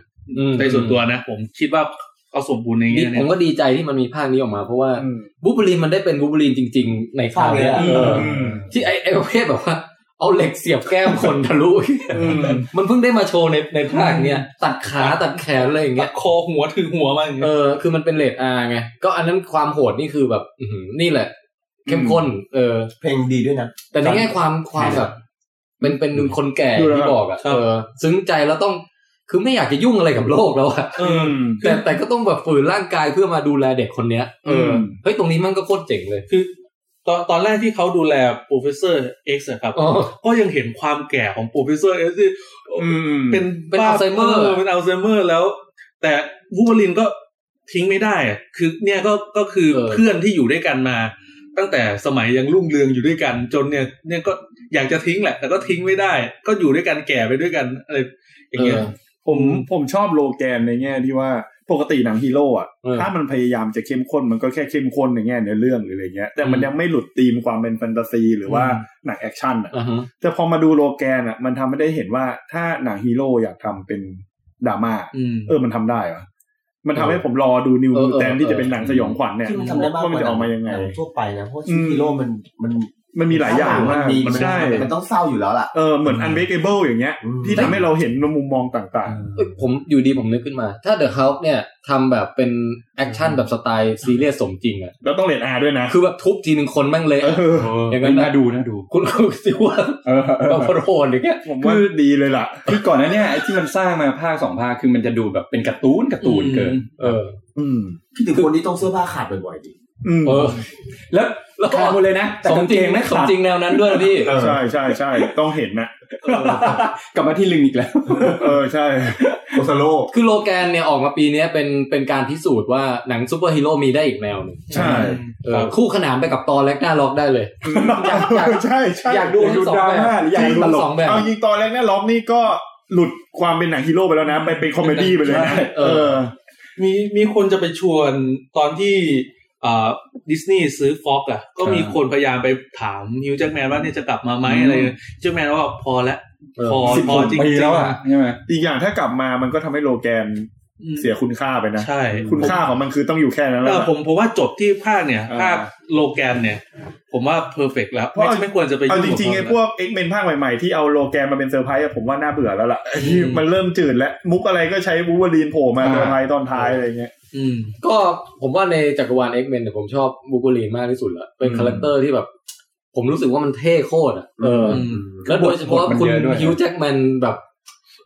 Speaker 3: ในส่วนตัวนะ ผมคิดว่าเขาสมบูรณ์ใน
Speaker 1: ดี
Speaker 3: แง่
Speaker 1: ผ
Speaker 3: เนี้
Speaker 1: ม
Speaker 3: ย
Speaker 1: ก็ดีใจที่มันมีภาคนี้ออกมา เพราะว่า
Speaker 2: อืม
Speaker 1: บูบูลินมันได้เป็นบูบูลินจริง ๆ ในคราวเนี้ย
Speaker 4: ฟังเลย
Speaker 1: เอ
Speaker 4: อะ
Speaker 1: อ
Speaker 2: อืม
Speaker 1: ที่ไอ้ไอ้ประเภทแบบว่า เอาเหล็กเสียบแก้มคนทะลุ [laughs]
Speaker 2: อืม
Speaker 1: มันเพิ่งได้มาโชว์ในในภาคเนี้ยตัดขาตัดแขนอะไรอย่าง
Speaker 3: ตั
Speaker 1: เงี้
Speaker 3: ด
Speaker 1: ย
Speaker 3: คอหัวถือหัวมาอย่าง
Speaker 1: เอ
Speaker 3: เงี้ย
Speaker 1: อ คือมันเป็นเลดอาไง ก็อันนั้นความโหดนี่คือแบบ อื้อหือนี่แหละ เข้มข้น เออ
Speaker 4: เพลงดีด้วยนะ
Speaker 1: แต่ในแง่ความความแบบ เป็นเป็นคนแก่ที่บอกอะเออ ซึ้งใจแล้วต้อง คือไม่อยากจะยุ่งอะไรกับโลกแล้วอะ
Speaker 3: เออ
Speaker 2: อืม
Speaker 1: แต่แต่ก็ต้องแบบฝืนร่างกายเพื่อมาดูแลเด็กคนเนี้ย เออ
Speaker 2: อืม
Speaker 1: เฮ้ย ตรงนี้มันก็โคตรเจ๋งเลย
Speaker 3: คือตอนตอนแรกที่เขาดูแลโปรเฟสเซอร์เอ็กซ์ครับ
Speaker 1: อ๋อ
Speaker 3: ก็ยังเห็นความแก่ของโปรเฟสเซอร์เอ็กซ์ที่
Speaker 2: อืม
Speaker 3: เป็น
Speaker 1: เป็น
Speaker 3: บ้
Speaker 1: Alzheimer
Speaker 3: เป็นอัลไซเมอร์แล้ว แต่วูล์ฟเวอรินก็ทิ้งไม่ได้อะคือเนี่ยก็ก็คือ
Speaker 1: เออ
Speaker 3: เพื่อนที่อยู่ด้วยกันมา ตั้งแต่สมัยยังรุ่งเรืองอยู่ด้วยกัน จนเนี่ย เนี่ยก็อยากจะทิ้งแหละ แต่ก็ทิ้งไม่ได้ ก็อยู่ด้วยกันแก่ไปด้วยกันอะไรอย่างเงี้ย
Speaker 2: ผมผมชอบโลแกนในแง่ที่ว่าปกติหนังฮีโร่อะ
Speaker 1: เออ
Speaker 2: ถ้ามันพยายามจะเข้มข้นมันก็แค่เข้มข้นในแง่เนื้อเรื่องหรืออะไรเงี้ย แต่มันยังไม่หลุดธีมความเป็นแฟนตาซีหรือว่าหนังแอคชั่นอะ
Speaker 1: อ่าฮะ
Speaker 2: แต่พอมาดูโลแกนอ่ะ มันทำให้ได้เห็นว่าถ้าหนังฮีโร่อยากทำเป็นดราม่า
Speaker 3: อืม
Speaker 2: เออมันทำได้วะมันทำให้ผมรอดูนิว
Speaker 1: เออเออ
Speaker 2: แตนที่
Speaker 1: เออ
Speaker 2: จะเป็นหนังสยองขวัญเนี่ย
Speaker 4: ที่มันทำได้มากก
Speaker 2: ว่ามัน
Speaker 4: ว่า
Speaker 2: จะออกมายังไง
Speaker 4: หนัทั่วไปนะเพราะ
Speaker 2: อืม
Speaker 4: ฮีโร่มันมัน
Speaker 2: มันมีหลายอย่าง
Speaker 4: มัน
Speaker 2: มาก
Speaker 4: มี
Speaker 2: มัน
Speaker 4: มัน
Speaker 2: ใช่
Speaker 4: มันต้องเศร้าอยู่แล้วล่ะ
Speaker 2: เออเหมือน unbreakable อย่างเงี้ย
Speaker 4: อืม
Speaker 2: ที่ทำให้เราเห็นมุมมองต่าง
Speaker 1: เอ้ยผมอยู่ดีผมนึกขึ้นมา ถ้าเดอะเฮาส์เนี่ยทำแบบเป็นแอคชั่นแบบสไตล์ซีเรียสสมจริงอะ
Speaker 2: ๆ แล้วต้องเลดอาด้วยนะ
Speaker 1: คือแบบทุบทีหนึ่งคนแม่งเลย
Speaker 2: เอ
Speaker 1: อะ
Speaker 2: อ
Speaker 1: อย่างนั้นน่ะ
Speaker 7: น่าดูน่าดู
Speaker 1: คุณคุณสิว่า
Speaker 7: เออเออ
Speaker 1: แบบโหดๆอย่างเงี้ย
Speaker 2: ผมว่าดีเลยล่ะ
Speaker 7: คือก่อนหนั้นเนี่ยไอ้ที่มันสร้างมาภาคสองภาคคือมันจะดูแบบเป็นการ์ตูนการ์ตูนเกิน
Speaker 1: เออ
Speaker 2: อืม
Speaker 4: คิดถึงคนที่ต้องเสื้อผ้าขาดบ่อยๆดิ
Speaker 2: อืม
Speaker 1: เออ
Speaker 7: แล้ว แล้วขาดหมดเลยนะแต่
Speaker 1: สม
Speaker 7: กาง
Speaker 1: จ
Speaker 7: เก
Speaker 1: ริง
Speaker 7: งไม่
Speaker 1: สม
Speaker 7: ขาด
Speaker 1: จริงแนวนั้นด้วยนะพี่
Speaker 4: เออ
Speaker 2: ใช่ใช่ใช่ต้องเห็นนะ
Speaker 7: กลับมาที่ลึงอีกแล้ว
Speaker 2: เออใช่
Speaker 4: โอซาโล
Speaker 1: คือโลแกนเนี่ยออกมาปีเนี้ยเป็นเป็นการพิสูจน์ว่าหนังซูเปอร์ฮีโร่มีได้อีกแนวหนึ่ง
Speaker 2: ใช่
Speaker 1: เออคู่ขนานไปกับตอนแรกหน้าล็อกได้เลย อยากอยาก
Speaker 2: ใช่ใช่
Speaker 1: อยากดูทั้งสอง
Speaker 7: อยากดู
Speaker 1: แบบ
Speaker 7: ดราม่าหรืออยากดู
Speaker 1: ทั้งสองแบบ
Speaker 2: เอายิงตอนแรกเนี่ยล็อกนี่ก็หลุดความเป็นหนังฮีโร่ไปแล้วนะ ไปเป็นคอมเมดี้ไปเลยนะ
Speaker 1: เอ
Speaker 2: เอ
Speaker 1: อ
Speaker 2: อ
Speaker 10: มีมีคนจะไปชวนตอนที่ดิสนีย์ซื้อฟ็อกอะก็มีคนพยายามไปถามฮิวจ์แมนว่าเนี่ยจะกลับมาไหมอะไรฮิวจ์แมนว่าพอแล้วพอ
Speaker 7: สิบ
Speaker 10: พ
Speaker 7: ห
Speaker 10: อก จริง
Speaker 7: ปี
Speaker 10: ๆ
Speaker 7: แล้วอ่ะใช่ไหม
Speaker 2: อีกอย่างถ้ากลับมามันก็ทำให้โลแกน
Speaker 10: อืม
Speaker 2: เสียคุณค่าไปนะ
Speaker 10: ใช่
Speaker 2: คุณค่าของมันคือต้องอยู่แค่นั้น
Speaker 10: เอ
Speaker 2: แล้ว
Speaker 10: อ
Speaker 2: นะ
Speaker 10: ผมผมว่าจบที่ภาคเนี่ย
Speaker 2: อ่า
Speaker 10: ภาคโลแกนเนี่ย ผมว่าเพอร์เฟกแล้ว
Speaker 2: เพราะ
Speaker 10: ไม่ไม่ควรจะไป
Speaker 2: เอา
Speaker 10: ยุ่ง
Speaker 2: จ
Speaker 10: กับ
Speaker 2: ริงๆไอ้พ
Speaker 10: เขา
Speaker 2: วก X-Men ภาคใหม่ๆ ที่เอาโลแกนมาเป็นเซอร์ไพรส์อะผมว่าน่าเบื่อแล้วล่ะ มันเริ่มจืดแล้ว มุกอะไรก็ใช้บูเวอรีนโผล่มาเซอร์ไพรส์ตอนท้ายอะไรเงี้ย
Speaker 10: อืม
Speaker 1: ก็ผมว่าในจักรวาลเอ็กเมนเนี่ยผมชอบบูบูลีนมากที่สุดละเป็น
Speaker 2: อืม
Speaker 1: คาแรคเตอร์ที่แบบ ผมรู้สึกว่ามันเท่โคตรอ่ะเอออ
Speaker 10: ม
Speaker 1: แล้วโดยเฉพาะ
Speaker 7: บทมัน
Speaker 1: คุณ
Speaker 7: เยอะด้วย
Speaker 1: ฮิวจ์แจ็คแมนแบบ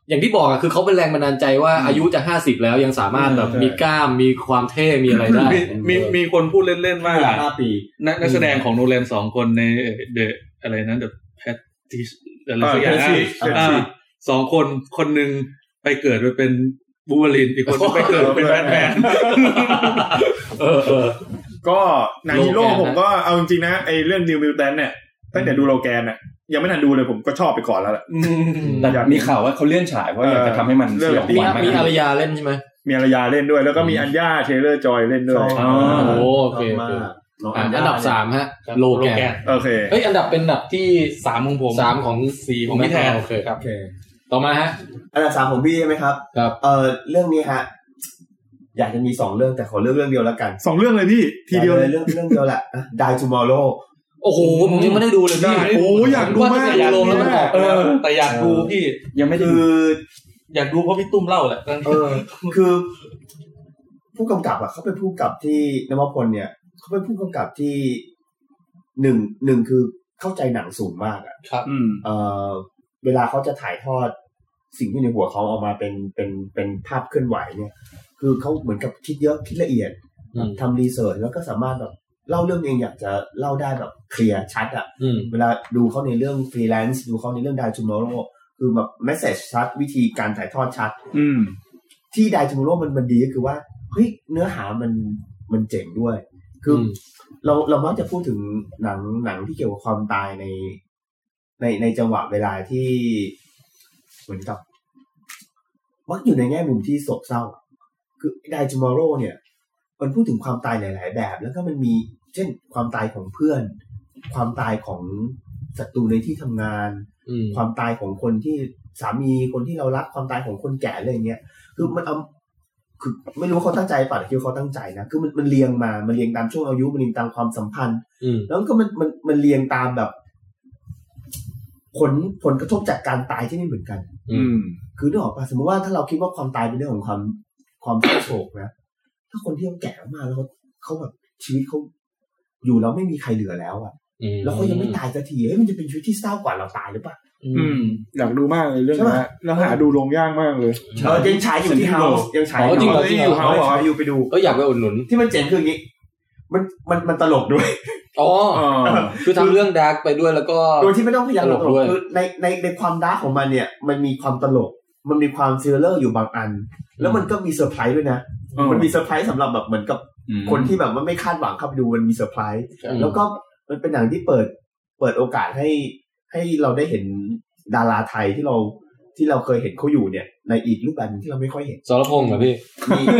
Speaker 1: อย่างที่บอกอะคือเขาเป็นแรงบันดาลใจว่าอายุจะห้าสิบแล้วยังสามารถแบบมีกล้ามมีความเท่มีอะไรได้
Speaker 10: มีมีมีคนพูดเล่นๆว่า
Speaker 4: เวลาห้าปี
Speaker 10: นักนักแสดงของโนแลนสองคนในเดอะอะไรนั้นเดอะแพทติสอะไรสักอย่างนะ
Speaker 2: Patrice
Speaker 10: อ่า
Speaker 2: Patrice
Speaker 10: สองคนคนหนึ่งไปเกิดไปเป็นบูเวอรินอีกคนหนึ่งไปเกิดเป็นแบทแมน
Speaker 2: ก็หนังฮีโร่
Speaker 1: โลแกนนะ
Speaker 2: ผมก็เอาจริงๆนะไอ้เรื่องนิวมิวแตนเนี่ย ตั้งแต่ดูโลแกนเนี่ยยังไม่ทันดูเลยผมก็ชอบไปก่อนแล้วล่ะ
Speaker 7: แต่มีข่าวว่าเขาเลื่อนฉายเพราะอยากจะทำให้มัน
Speaker 2: เออ
Speaker 7: สยองข
Speaker 1: มี
Speaker 7: วัญมาก
Speaker 1: มี
Speaker 7: ขึ้น
Speaker 1: อารยาเล่นใช่ไหม
Speaker 2: มีอารยาเล่นด้วย แล้วก็มีอัญญาเทเลอร์จอยเล่นด้วย
Speaker 4: ใช่
Speaker 7: อ๋อ
Speaker 1: โอ้โอเคโอเค
Speaker 4: ชบมากน้ง
Speaker 1: อ่ะ
Speaker 4: ญญ
Speaker 1: อันดับสามฮะ
Speaker 10: ครับ
Speaker 1: โล
Speaker 10: โล
Speaker 1: แก
Speaker 10: แก
Speaker 1: น
Speaker 10: น
Speaker 2: โอเค
Speaker 1: เฮ้ยอันดับเป็นอันดับที่
Speaker 10: สามของผม
Speaker 1: สามของ
Speaker 10: สี่ของพี่แทน
Speaker 1: โอเค
Speaker 10: ครับ
Speaker 4: โอเค
Speaker 1: ต่อมาฮะ
Speaker 4: อันดับสามของพี่ใช่ไหมครับ
Speaker 1: ครับ
Speaker 4: เออเรื่องนี้ฮะ อยากจะมีสองเรื่องแต่ขอเลือกเรื่องเดียวแล้วกัน
Speaker 2: สองเรื่องเลยพี่ทีเดียว
Speaker 4: อาลเรื่องเรื่องเดียวแหละดายจูมอโล
Speaker 1: โอ้โหผมยังไม่ได้ดูเลยพี่
Speaker 2: โอ้อยากดู
Speaker 1: ว่า
Speaker 2: มาก
Speaker 1: จะอยากดูแล้วมันออก
Speaker 2: เออ
Speaker 10: แต่อยากดูพี่
Speaker 7: ยังไม่ได้
Speaker 4: คื
Speaker 7: ดู
Speaker 4: อ
Speaker 10: อยากดูเพราะพี่ตุ้มเล่าแหละ
Speaker 4: เออ คือ ผู้กำกับอ่ะเขาเป็นผู้กำกับที่นวพลเนี่ยเขาเป็นผู้กำกับที่หนึ่งหนึ่งคือเข้าใจหนังสูงมากอ่ะ
Speaker 2: อืม
Speaker 4: เออเวลาเขาจะถ่ายทอดสิ่งที่อยู่ในหัวเขาออกมาเป็นเป็นเป็นภาพเคลื่อนไหวเนี่ย คือเขาเหมือนกับคิดเยอะคิดละเอียด
Speaker 1: อืม
Speaker 4: ทำรีเสิร์ชแล้วก็สามารถแบบเล่าเรื่องเองอยากจะเล่าได้แบบเคลียร์ชัดอ่ะ
Speaker 1: อืม
Speaker 4: เวลาดูเขาในเรื่องฟรีแลนซ์ดูเขาในเรื่องดายจูโมโรคือแบบแมสเซจชัด วิธีการถ่ายทอดชัด
Speaker 2: อืม
Speaker 4: ที่ไดจูโมโรมันมันดีก็คือว่าเฮ้ยเนื้อหามันมันเจ๋งด้วย คืออ
Speaker 1: ม
Speaker 4: เราเรามักจะพูดถึงหนังหนังที่เกี่ยวกับความตายใน ในในจังหวะเวลาที่เหมือนกับมักอยู่ในแง่มุมที่โศกเศร้า คือไดจูโมโรเนี่ย มันพูดถึงความตายหลาย ๆ แบบ แล้วก็มันมีเช่นความตายของเพื่อน ความตายของศัตรูในที่ทำงาน
Speaker 1: อืม
Speaker 4: ความตายของคนที่สามีคนที่เรารักความตายของคนแก่อะไรอย่างเงี้ยคือมันเอาคือไม่รู้ว่าเขาตั้งใจป่ะแต่คิดว่าเขาตั้งใจนะคือมันมันเรียงมามันเรียงตามช่วงอายุมันเรียงตามความสัมพันธ์
Speaker 1: อืม
Speaker 4: แล้วก็มันมันมันเรียงตามแบบ ผลผลกระทบจากการตายที่ไม่เหมือนกัน
Speaker 2: อืม
Speaker 4: คือนึกออกป่ะสมมติว่าถ้าเราคิดว่าความตายเป็นเรื่องของความความเศร้าโศกนะถ้าคนที่เขาแก่มากแล้วเขาเขาแบบชีวิตเขาอยู่แล้วไม่มีใครเหลือแล้วอะ
Speaker 1: อืม
Speaker 4: แล้วเขายังไม่ตายสักทีเฮ้ยมันจะเป็นชีวิตที่เศร้ากว่าเราตายหรือเปล่า
Speaker 2: อืม อยากดูมากเลยเรื่อง
Speaker 4: ใช่
Speaker 2: นี้
Speaker 4: ปะ
Speaker 2: แล้วหาดูลงยากมากเลย
Speaker 4: เออยังใช้อยู่ที่เฮาส์ยังใช้
Speaker 1: อ๋อจริงเหรอจริงเหรอ
Speaker 2: เาเหรอ
Speaker 4: ใช้อยู่ไปดู
Speaker 1: ก็อยากไปอุดหนุน
Speaker 4: ที่มันเจ๋งคืออย่างนี้ มันมันมันตลกด้วย
Speaker 1: อ๋อ
Speaker 2: เออ
Speaker 1: คือทำเรื่องดาร์กไปด้วยแล้วก็
Speaker 4: โดยที่ไม่ต้องพยายาม
Speaker 1: ตลกด้วย
Speaker 4: คือในในในความดาร์กของมันเนี่ย มันมีความตลก มันมีความซีเรอร์อยู่บางอัน แล้วมันก็มีเซอร์ไพรส์ด้วยนะ
Speaker 2: เออ
Speaker 4: มันมีเซอร์ไพรส์สำหรับแบบเหมือนกับ
Speaker 7: อืม
Speaker 4: คนที่แบบว่าไม่คาดหวังเข้าไปดูมันมีเซอร์ไพรส์
Speaker 1: อืม
Speaker 4: แล้วก็มันเป็นหนังที่เปิดเปิดโอกาสให้ให้เราได้เห็นดาราไทยที่เราที่เราเคยเห็นเขาอยู่เนี่ย ในอีกรูปแบบหนึ่งที่เราไม่ค่อยเห็น
Speaker 1: สรพงษ์เหรอพี่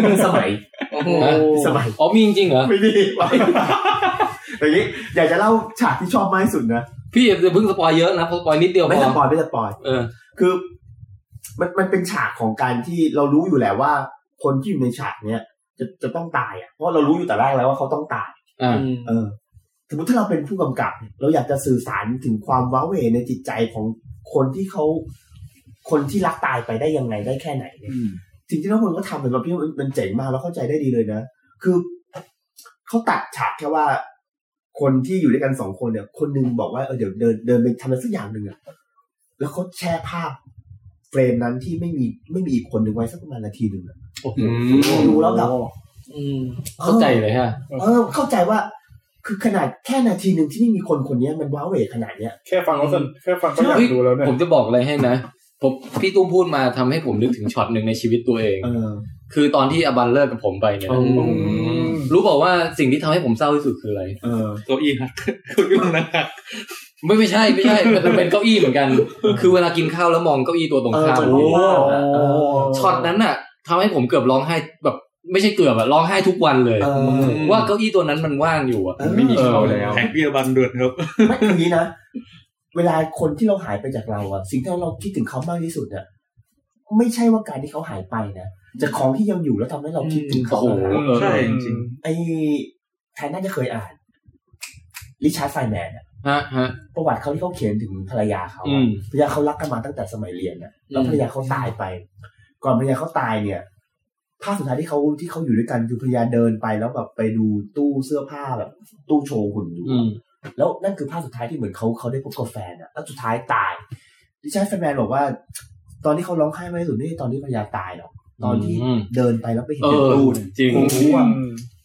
Speaker 4: มีสมัย
Speaker 1: ฮะ
Speaker 4: สมัย
Speaker 1: อ๋อมีจริงๆเหรอ
Speaker 4: ไม่ดีไป [laughs] อย่างนี้อยากจะเล่าฉากที่ชอบมากที่สุดนะ
Speaker 1: พี่อย่าเพิ่งสปอยเยอะนะเพราะสปอยนิดเดียวพ
Speaker 4: ไม่สป
Speaker 1: อ
Speaker 4: อยไม่สปอย
Speaker 1: เออ
Speaker 4: คือ มันมันเป็นฉากของการที่เรารู้อยู่แล้วว่า คนที่อยู่ในฉากเนี้ยจะจะต้องตายอ่ะเพราะเรารู้อยู่แต่แรกแล้วว่าเขาต้องตาย
Speaker 1: อ่า
Speaker 4: เออ สมมติถ้าเราเป็นผู้กำกับ เราอยากจะสื่อสารถึงความว้าเหวในจิตใจของคนที่เขาคนที่รักตายไปได้ยังไงได้แค่ไหนเนี่ยสิ่งที่น้องพลก็ทำเป็นแบบพี่มันมันเจ๋งมากแล้วเข้าใจได้ดีเลยนะ คือเขาตัดฉากแค่ว่า คนที่อยู่ด้วยกันสองคนเนี่ย คนหนึงบอกว่าเออเดี๋ยวเดินเดินไปทำอะไรสักอย่างหนึ่งอะแล้วเขาแชร์ภาพ เฟรมนั้นที่ไม่มีไม่มีอีกคนหนึ่งไว้สักประมาณนาทีหนึ่งอะ
Speaker 7: อืม
Speaker 4: ดูแล้วแบบ
Speaker 1: เข้าใจเลยฮะ
Speaker 4: เออเข้าใจว่า คือขนาดแค่นาทีหนึ่งที่ไม่มีคนคนเนี้ยมันว้าเหวขนาดเนี้ย
Speaker 2: แค่ฟังก็สนแค่ฟังก็อยากดูแล้วเนี่ย
Speaker 1: ผมจะบอกอะไรให้นะผมพี่ตุ้มพูดมาทำให้ผมนึกถึงช็อตหนึ่งในชีวิตตัวเอง
Speaker 4: เออ
Speaker 1: คือตอนที่อบันเลิกกับผมไปเนี่ยนะ
Speaker 2: อืม
Speaker 1: รู้บอกว่าสิ่งที่ทำให้ผมเศร้าที่สุดคืออะไร
Speaker 4: เออ
Speaker 3: เก้าอี้หักเก้าอี้ตรงนั้นหัก
Speaker 1: ไม่ไม่ใช่
Speaker 4: [laughs]
Speaker 1: ไม่ใช่มันมันเป็นเก้าอี้เหมือนกัน คือเวลากินข้าวแล้วมองเก้าอี้ตัวตรงข้าม
Speaker 4: เออมันว้าว
Speaker 1: เออช็อตนั้นน่ะทำให้ผมเกือบร้องไห้แบบไม่ใช่เกือบอะร้องไห้ทุกวันเลย
Speaker 4: เออ
Speaker 1: ว่าเก้าอี้ตัวนั้นมันว่างอยู่อะ
Speaker 4: เออ
Speaker 7: ไม่มีเขาแล้ว
Speaker 3: แท็กเบียร์บันด่วนครับ
Speaker 4: ไม่อย่างนี้นะ เวลาคนที่เราหายไปจากเราอะสิ่งที่เราคิดถึงเขามากที่สุดเนี่ยไม่ใช่ว่าการที่เขาหายไปนะแต่ของที่ยังอยู่แล้วทำให้เราคิดถึงเขา
Speaker 1: โอ้โห
Speaker 4: อะนะ
Speaker 1: เออ
Speaker 3: ใช่จริง
Speaker 4: ไอ้แทนน่าจะเคยอ่านริชาร์ดไฟแมนอะ
Speaker 1: ฮะฮะ
Speaker 4: ประวัติเขาที่เขาเขียนถึงภรรยาเขา
Speaker 1: อื
Speaker 4: อะ
Speaker 1: ม
Speaker 4: ภรรยาเขารักกันมาตั้งแต่สมัยเรียนนะแล้วภรรยาเขาตายไป ก่อนภรรยาเขาตายเนี่ยภาพสุดท้ายที่เขาที่เขาอยู่ด้วยกันคือภรรยาเดินไปแล้วแบบไปดูตู้เสื้อผ้าแบบ ตู้โชว์หุ่นอยู่อะ
Speaker 1: อืม
Speaker 4: แล้วนั่นคือภาพสุดท้ายที่เหมือนเขาเขาได้พบกับแฟนอะแล้วสุดท้ายตายดิชาร์ดแฟนแมนบอกว่า ตอนที่เขาร้องไห้ไม่สุดไม่ใช่ตอนที่ภรรยาตายหรอกตอนที่
Speaker 1: อืม
Speaker 4: เดินไปแล้วไปเห็น
Speaker 1: เอ
Speaker 4: เป็น
Speaker 1: อ
Speaker 4: ตูน
Speaker 1: จริง
Speaker 2: ผมรู้ว่า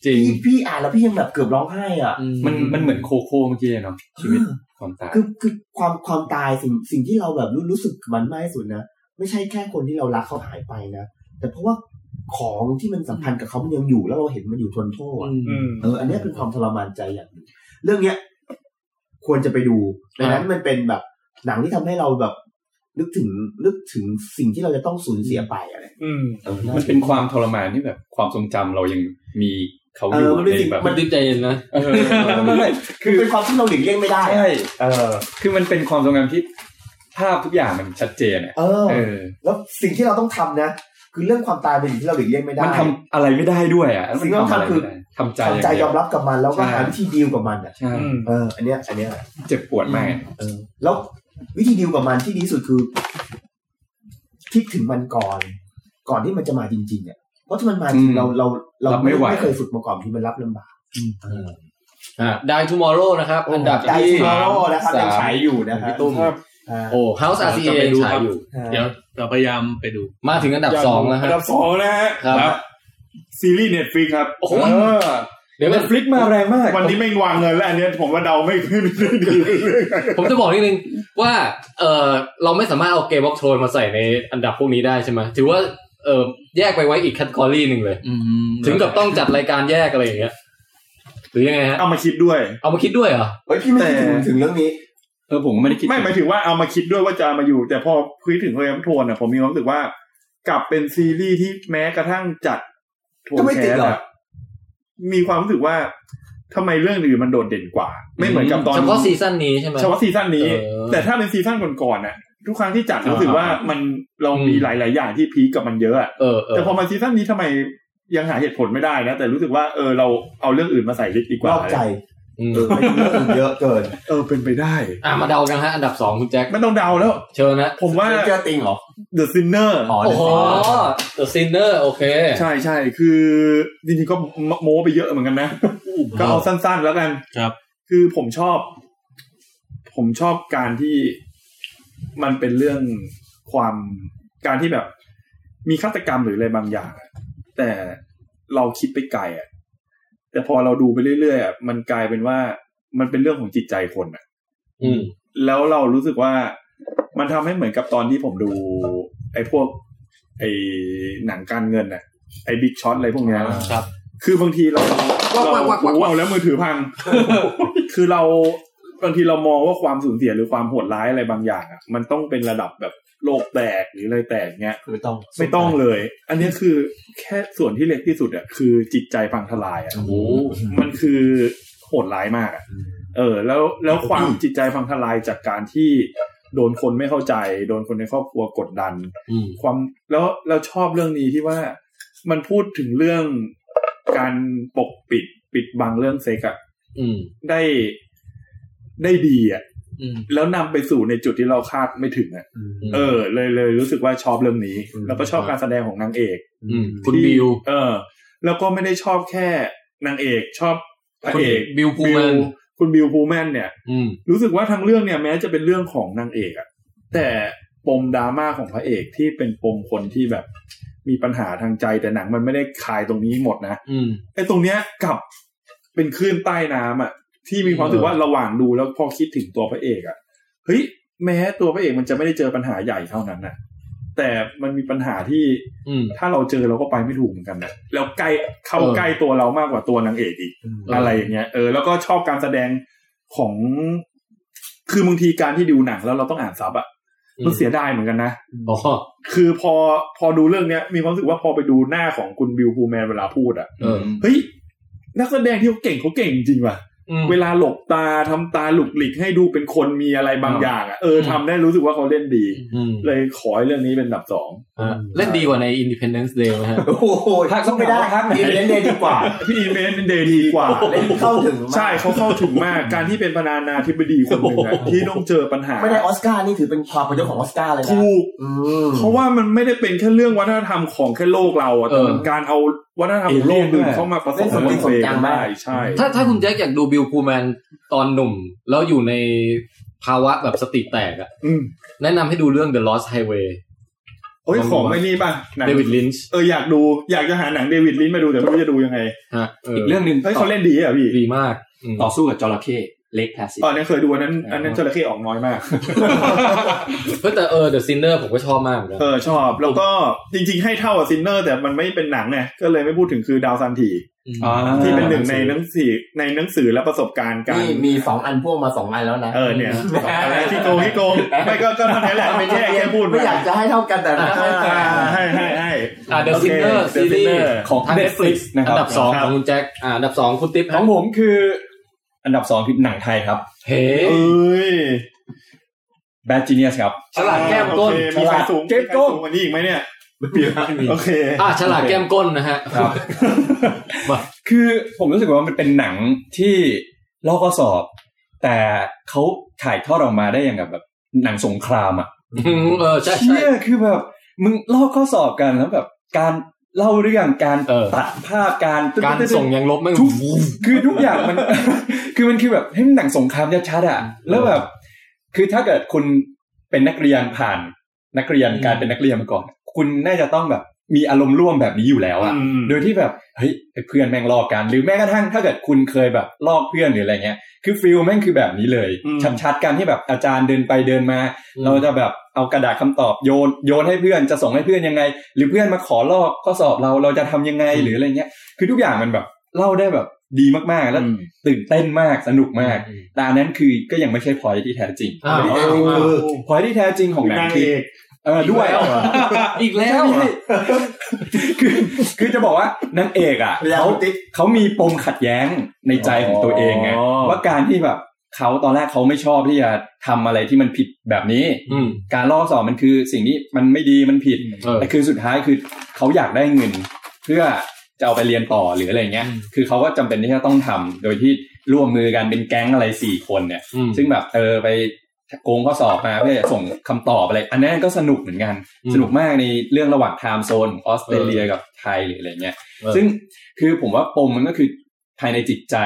Speaker 1: จริง
Speaker 4: พี่พี่อ่านแล้วพี่ยังแบบเกือบร้องไห้อ่ะ
Speaker 7: มันมันเหมือนโคโค่เมื่อกี้เนาะชีวิตความตาย
Speaker 4: คือคือความความตายสิ่งสิ่งที่เราแบบรู้รู้สึกกับมันมากที่สุดนะไม่ใช่แค่คนที่เรารักเขาหายไปนะแต่เพราะว่าของที่มันสัมพันธ์กับเขามันยังอยู่แล้วเราเห็นมันอยู่ทนโทษอะ
Speaker 2: อืม
Speaker 4: เอออันเนี้ยเป็นความทรมานใจอย่างหนึ่งเรื่องเนี้ย ควรจะไปดูดังนั้นมันเป็นแบบหนังที่ทำให้เราแบบ นึกถึงนึกถึงสิ่งที่เราจะต้องสูญเสียไปอะไร
Speaker 2: อืม
Speaker 4: เออน่า
Speaker 7: มันเป็นความทรมานที่แบบความทรงจำเรายังมีเขา
Speaker 4: เอ
Speaker 7: อยู่
Speaker 4: อมันเป็นสิ่ง
Speaker 7: ในแบบ
Speaker 4: มัน
Speaker 1: ดิบใจเย็นนะ
Speaker 7: เออไม่ไม่
Speaker 4: คือเป็นความที่เราหลีกเลี่ยงไม่ได้
Speaker 7: ใช่เออ คือมันเป็นความทรงจำที่ภาพทุกอย่างมันชัดเจนอะ
Speaker 4: เออ
Speaker 7: เออ
Speaker 4: แล้วสิ่งที่เราต้องทำนะคือเรื่องความตายเป็นสิ่งที่เราหลีกเลี่ยงไม่ได้
Speaker 7: มันทำอะไรไม่ได้ด้วยอ่ะแล้ว
Speaker 4: สิ่งที่ต้องทำคือ
Speaker 7: มันทำอะไรไม่ได้ทำใจ
Speaker 4: ทำใจยอม
Speaker 7: างเดีว
Speaker 4: รับกับมันแล้วก็
Speaker 7: ใช่
Speaker 4: หาวิธีดีลกับมันอ่ะ
Speaker 7: ใช่
Speaker 2: อืม
Speaker 4: เอออันเนี้ย อันเนี้ย
Speaker 7: เจ็บปวดมาก
Speaker 4: เออ แล้ววิธีดีลกับมันที่ดีที่สุดคือคิดถึงมันก่อน ก่อนที่มันจะมาจริงๆเนี่ยเพราะถ้ามันมาจริงเราเราเรา
Speaker 7: รับไม่ไหว
Speaker 4: เคยฝึกมาก่อนที่มันรับลำบาก
Speaker 1: อ่าได้ tomorrow นะครับ อันดับ
Speaker 4: ได้
Speaker 1: ที่
Speaker 4: ที่โลนะครับ
Speaker 1: สา
Speaker 4: ยัง
Speaker 1: ม
Speaker 4: ใช้อยู่นะครับ
Speaker 2: ตุ้ม
Speaker 4: อ่า
Speaker 1: โอ้ house RCA
Speaker 3: เราจะไปดู
Speaker 1: ฉา
Speaker 3: ครั
Speaker 1: ย
Speaker 3: บ
Speaker 1: อยู่
Speaker 4: อ่า
Speaker 3: เดี๋ยวเราพยายามไปดู
Speaker 1: มาถึงอันดับสองแล้ว
Speaker 2: อั
Speaker 1: ฮะ
Speaker 2: นดับสองนะฮะ
Speaker 1: ครับ
Speaker 2: ซีรีส์เน็ตฟลิกครับ
Speaker 1: โอ้โห
Speaker 2: เ
Speaker 1: เดี๋ยวก่อน
Speaker 7: ฟลิกมาแรงมาก
Speaker 2: วันนี้ไม่วางเงินแล้วอันเนี้ยผมว่าเดาไม่ขึ้นเรื่องดีเรื่องอะไร
Speaker 1: ผมจะบอกนิดนึงว่าเออเราไม่สามารถเอาเกมวอล์กโทนมาใส่ในอันดับพวกนี้ได้ใช่ไหมถือว่าเออแยกไปไว้อีกคัตกรีหนึ่งเลย
Speaker 3: อืม
Speaker 1: ถึงกับต้องจัดรายการแยกอะไรอย่างเงี้ยหรือยังไงฮะ
Speaker 2: เอามาคิดด้วย
Speaker 1: เอามาคิดด้วยเหรอ
Speaker 4: เฮ้ยพี่ไม่ได้ถึงถึงเรื่องนี้
Speaker 7: เออผมก็ไม่ได้คิด
Speaker 2: ไม่หมายถึงว่าเอามาคิดด้วยว่าจะเอามาอยู่ แต่พอคุยถึงเรื่องโทนอ่ะผมมีความรู้สึกว่า กลับเป็นซีรีส์ที่แม้กระทั่งจัดโทน
Speaker 4: ก็ไม่ติ
Speaker 2: แค
Speaker 4: ด
Speaker 2: ส
Speaker 4: หรอก
Speaker 2: อะมีความรู้สึกว่าทำไมเรื่องอื่นมันโดดเด่นกว่า ไม่เหมือนกับตอน
Speaker 1: เฉพาะซีซั่นนี้ใช่ไหม
Speaker 2: เฉพาะซีซั่นนี้
Speaker 1: เออ
Speaker 2: แต่ถ้าเป็นซีซั่นก่อนๆน่ะ ทุกครั้งที่จัดรู้สึกว่ามันเรา
Speaker 1: อืม
Speaker 2: มีหลาย ๆ อย่างที่พีคกับมันเยอะอะ
Speaker 1: เออเออ
Speaker 2: แต่พอมาซีซั่นนี้ทำไมยังหาเหตุผลไม่ได้นะ แต่รู้สึกว่าเออเราเอาเรื่องอื่นมาใส่ลิสต์ดีก
Speaker 4: น
Speaker 2: ว่า
Speaker 4: อกใจ
Speaker 1: อืม
Speaker 4: เออไม่รู้เรื่องอื่นเยอะเกิน
Speaker 2: เออเป็นไปได้
Speaker 1: อ่ะมาเดากันฮะ อันดับสองคุณแจ็ค
Speaker 2: ไม่ต้องเดาแล้ว
Speaker 1: เชิญนะ
Speaker 2: ผมว่า
Speaker 4: เจอติงเหรอ
Speaker 2: The Sinner
Speaker 4: อ๋อ
Speaker 1: โอ้โห The Sinner โอเค
Speaker 2: ใช่ใช่คือจริงๆก็โม้ไปเยอะเหมือนกันนะ ก็เอาสั้น ๆ แล้วกัน
Speaker 3: ครับ
Speaker 2: คือผมชอบ ผมชอบการที่มันเป็นเรื่องความการที่แบบ มีฆาตกรรมหรืออะไรบางอย่างอะแต่เราคิดไปไกลอ่ะ แต่พอเราดูไปเรื่อยๆอะมันกลายเป็นว่ามันเป็นเรื่องของจิตใจคนอ่ะ
Speaker 1: อืม
Speaker 2: แล้วเรารู้สึกว่ามันทำให้เหมือนกับตอนที่ผมดู ไอ้พวก ไอ้หนังการเงินน่ะ ไอ้บิ๊กช็อตอะไรพวกเนี้ย
Speaker 3: ครับ
Speaker 2: คือบางทีเราเราโอ้เอาแล้วมือถือพัง [laughs] คือเราบางทีเรามองว่าความสูญเสียหรือความโหดร้ายอะไรบางอย่างอ่ะมันต้องเป็นระดับแบบโลกแตกหรืออะไรแตกเงี้ย
Speaker 4: ไม่ต้อง
Speaker 2: ไม่ต้องเลย อันนี้คือแค่ส่วนที่เล็กที่สุดอ่ะคือจิตใจพังทลายอ่ะ
Speaker 4: โอ้โห
Speaker 2: มันคือโหดร้ายมากอะ
Speaker 4: อืม
Speaker 2: เออ แล้วแล้วความจิตใจพังทลายจากการที่โดนคนไม่เข้าใจ โดนคนในครอบครัวกดดัน
Speaker 1: อืม
Speaker 2: ความแล้วเราชอบเรื่องนี้ที่ว่ามันพูดถึงเรื่องการปกปิดปิดบังเรื่องเซ็กอะ
Speaker 1: อืม
Speaker 2: ได้ได้ดีอะ
Speaker 1: อืม
Speaker 2: แล้วนำไปสู่ในจุดที่เราคาดไม่ถึงอะเออ เลยเลยรู้สึกว่าชอบเรื่องนี้
Speaker 4: อืม
Speaker 2: แล้วก็ชอบการแสดงของนางเอก
Speaker 1: อืมคุณ
Speaker 2: ที่
Speaker 1: บิว
Speaker 2: เออ แล้วก็ไม่ได้ชอบแค่นางเอกชอบพระเอก
Speaker 1: คุณบิวพูแมน
Speaker 2: คุณบิวพูแมนเนี่ย
Speaker 1: อืม
Speaker 2: รู้สึกว่าทั้งเรื่องเนี่ยแม้จะเป็นเรื่องของนางเอกอะแต่ปมดราม่าของพระเอกที่เป็นปมคนที่แบบมีปัญหาทางใจแต่หนังมันไม่ได้คลายตรงนี้หมดนะ
Speaker 1: อืม
Speaker 2: ไอ้ตรงเนี้ยกลับเป็นคลื่นใต้น้ำอะ ที่มีความรู้สึกว่าระหว่างดูแล้วพอคิดถึงตัวพระเอกอ่ะเฮ้ยแม้ตัวพระเอกมันจะไม่ได้เจอปัญหาใหญ่เท่านั้นนะแต่มันมีปัญหาที่
Speaker 1: อืม
Speaker 2: ถ้าเราเจอเราก็ไปไม่ถูกเหมือนกันนะแล้วใกล้เข้า
Speaker 1: เออ
Speaker 2: ใกล้ตัวเรามากกว่าตัวนางเอกอีก อะไรอย่างเงี้ยเออแล้วก็ชอบการแสดงของ คือบางทีการที่ดูหนังแล้วเราต้องอ่านซับอะมันเสียดายเหมือนกันนะ
Speaker 1: อ๋อ
Speaker 2: คือพอพอดูเรื่องเนี้ย มีความรู้สึกว่าพอไปดูหน้าของคุณบิลพูแมนเวลาพูดอะ
Speaker 1: เออ
Speaker 2: เฮ้ย นักแสดงที่เขาเก่งเขาเก่งจริงว่ะ
Speaker 1: อืม
Speaker 2: เวลาหลบตาทำตาหลุกหลิกให้ดูเป็นคนมีอะไรบาง
Speaker 1: อืม
Speaker 2: อย่างอะเออทำได้รู้สึกว่าเขาเล่นดี
Speaker 1: อืม
Speaker 2: เลยขอให้เรื่องนี้เป็นอันดับสอง
Speaker 1: อ่ะเล่นดีกว่าใน Independence Day ไหมฮะ
Speaker 4: โอ้โหทักต้องไม่ได้ครับอีเวนต์เดย์ดีกว่า
Speaker 2: พี่อีเมนเดย์ดีกว่า
Speaker 4: เล่นเข้าถึงมาก
Speaker 2: ใช่เขาเข้าถึงม [laughs] ากการที่เป็นประธานาธิบดีคนหนึ่งอะที่ต้องเจอปัญหา
Speaker 4: ไม่ได้ออสการ์นี่ถือเป็นความประโยชน์ของออสการ์เลยนะ
Speaker 2: ถูก
Speaker 4: อืม
Speaker 2: เพราะว่ามันไม่ได้เป็นแค่เรื่องวัฒนธรรมของแค่โลกเราอะแต่มัน
Speaker 1: เออ
Speaker 2: การเอาวัฒนธรรมของโลกอื่นเข้ามาผสมกับตัวเองได้ใช่
Speaker 1: ถ้าถ้าคุณแจ็คอยากดูบิลพูแมนตอนหนุ่ม แล้วอยู่ในภาวะแบบสติแตกอะ
Speaker 2: อืม
Speaker 1: แนะนำให้ดูเรื่อง The Lost Highway
Speaker 2: เฮ้ยของไอ้นี่ป่ะหนัง
Speaker 1: เดวิดลินช์
Speaker 2: เอออยากดูอยากจะหาหนังเดวิดลินช์มาดูแต่ไม่รู้จะดูยังไง
Speaker 1: ฮะ
Speaker 7: อีกเรื่องหนึ่ง
Speaker 2: เฮ้ยเขาเล่นดีอ่ะพี่
Speaker 1: ดีมากอืม
Speaker 7: ต่อสู้กับจระเข้เล็กแพสซิ
Speaker 2: ตอนนั้นเคยดูอันนั้น อันนั้นจระเข้ออกน้อยมาก
Speaker 1: เฮ้ยแต่เออ The Sinner ผมก็ชอบมากเหมือนกัน
Speaker 2: เออชอบ แล้วก็จริง ๆ ให้เท่ากับซินเนอร์ แต่มันไม่เป็นหนังไงก็เลยไม่พูดถึงคือดาวซันที
Speaker 7: อ่า
Speaker 2: ที่เป็นหนึ่งในหนังสือในหนังสือและประสบการณ์การ
Speaker 4: นี่มีสองอันพ่วงมาสองอันแล้วนะ
Speaker 2: เออเนี่ยอะไรที่โกงที่โกงไม่ก็ก็เท่านั้นแหละไม่แย่แค่พูด
Speaker 4: ไม่อยากจะให้เท่ากันแต่
Speaker 2: อ่าให้ให้ให้
Speaker 1: อ่ะ The
Speaker 2: โอเค
Speaker 1: Sinner
Speaker 2: The
Speaker 1: ซีรีส์
Speaker 2: Sinner
Speaker 7: ของ
Speaker 1: ทาง
Speaker 7: Netflix
Speaker 1: Netflix
Speaker 7: นะครั
Speaker 1: อั
Speaker 7: บ
Speaker 1: นดับสอง
Speaker 2: ครับ
Speaker 1: ของคุณแจ็คอ่าอันดับสองคุณติ๊บ
Speaker 7: ของผมคือ อันดับสองคือหนังไทยครับ
Speaker 1: เฮ้
Speaker 2: เอ้ย
Speaker 7: Bad Genius ครับ
Speaker 1: ฉลาดแก้มก้น
Speaker 2: โอเคมีใครสูง
Speaker 7: เก้มก้น
Speaker 2: ใครสูวันนี้อีกไหมเนี่ย
Speaker 4: ไม่มีแล้ว
Speaker 2: โอเค
Speaker 1: อ่าฉลาดแก้มก้นนะฮะ
Speaker 7: ครับ
Speaker 1: มา
Speaker 7: คือผมรู้สึกว่ามันเป็นหนังที่ลอกข้อสอบ แต่เขาถ่ายทอดออกมาได้อย่างกับแบบหนังสงครามอ่ะ
Speaker 1: อืมเออใช่ใช่
Speaker 7: เชี่ยคือแบบ มึงลอกข้อสอบกันแล้วแบบการเล่าเรื่องการ
Speaker 1: เออ
Speaker 7: ตัดภาพการ
Speaker 1: การส่งยังลบไม่ง
Speaker 7: ทุกคือทุกอย่างมัน [laughs] คือมันคือแบบให้มันหนังสงครามชัดๆอ่ะแล้วแบบ คือถ้าเกิดคุณเป็นนักเรียนผ่านนักเรียนการเป็นนักเรียนมาก่อน คุณน่าจะต้องแบบมีอารมณ์ร่วมแบบนี้อยู่แล้วอ่ะ
Speaker 2: อืม
Speaker 7: โดยที่แบบเฮ้ยไอ้เพื่อนแม่งลอกกัน หรือแม้กระทั่งถ้าเกิดคุณเคยแบบลอกเพื่อนหรืออะไรเงี้ย คือฟิลแม่งคือแบบนี้เลย ชัดๆการที่แบบอาจารย์เดินไปเดินมา เราจะแบบเอากระดาษคำตอบโยนโยนให้เพื่อนจะส่งให้เพื่อนยังไง หรือเพื่อนมาขอลอกข้อสอบเราเราจะทำยังไงหรืออะไรเงี้ย คือทุกอย่างมันแบบเล่าได้แบบดีมากๆแล้วตื่นเต้นมากสนุกมากแต่อันนั้นคือก็ยังไม่ใช่พอยที่แท้จริง
Speaker 1: อ้าว
Speaker 7: พอยที่แท้จริงของหนั
Speaker 2: นาง ง
Speaker 7: คื
Speaker 2: เอ
Speaker 7: อก เออด้วย
Speaker 1: อีกแล้ว
Speaker 7: ใช่คือคือจะบอกว่านางเอกอ่ะ
Speaker 4: เวลา
Speaker 7: เขา
Speaker 4: คุณติ๊ก
Speaker 7: เขามีปมขัดแย้งในใจของตัวเองไงว่าการที่แบบเขาตอนแรกเขาไม่ชอบที่จะทำอะไรที่มันผิดแบบนี้
Speaker 1: อืม
Speaker 7: การลอกสอบมันคือสิ่งที่มันไม่ดีมันผิด
Speaker 1: เออ
Speaker 7: แต่คือสุดท้ายคือเขาอยากได้เงิน เพื่อจะเอาไปเรียนต่อหรืออะไรเงี้ย คือเขาก็จำเป็นที่จะต้องทำโดยที่ร่วมมือกันเป็นแก๊งอะไรสี่คนเนี่ย
Speaker 1: อืม
Speaker 7: ซึ่งแบบเออไปโกงข้อสอบมาเพื่อจะส่งคำตอบอะไร อันนั้นก็สนุกเหมือนกัน
Speaker 1: อืม
Speaker 7: สนุกมากในเรื่องระหว่างไทม์โซนของออสเตรเลียกับไทยหรืออะไรเงี้ย
Speaker 1: เออ
Speaker 7: ซึ่งคือผมว่าปมมันก็คือภายในจิตใจ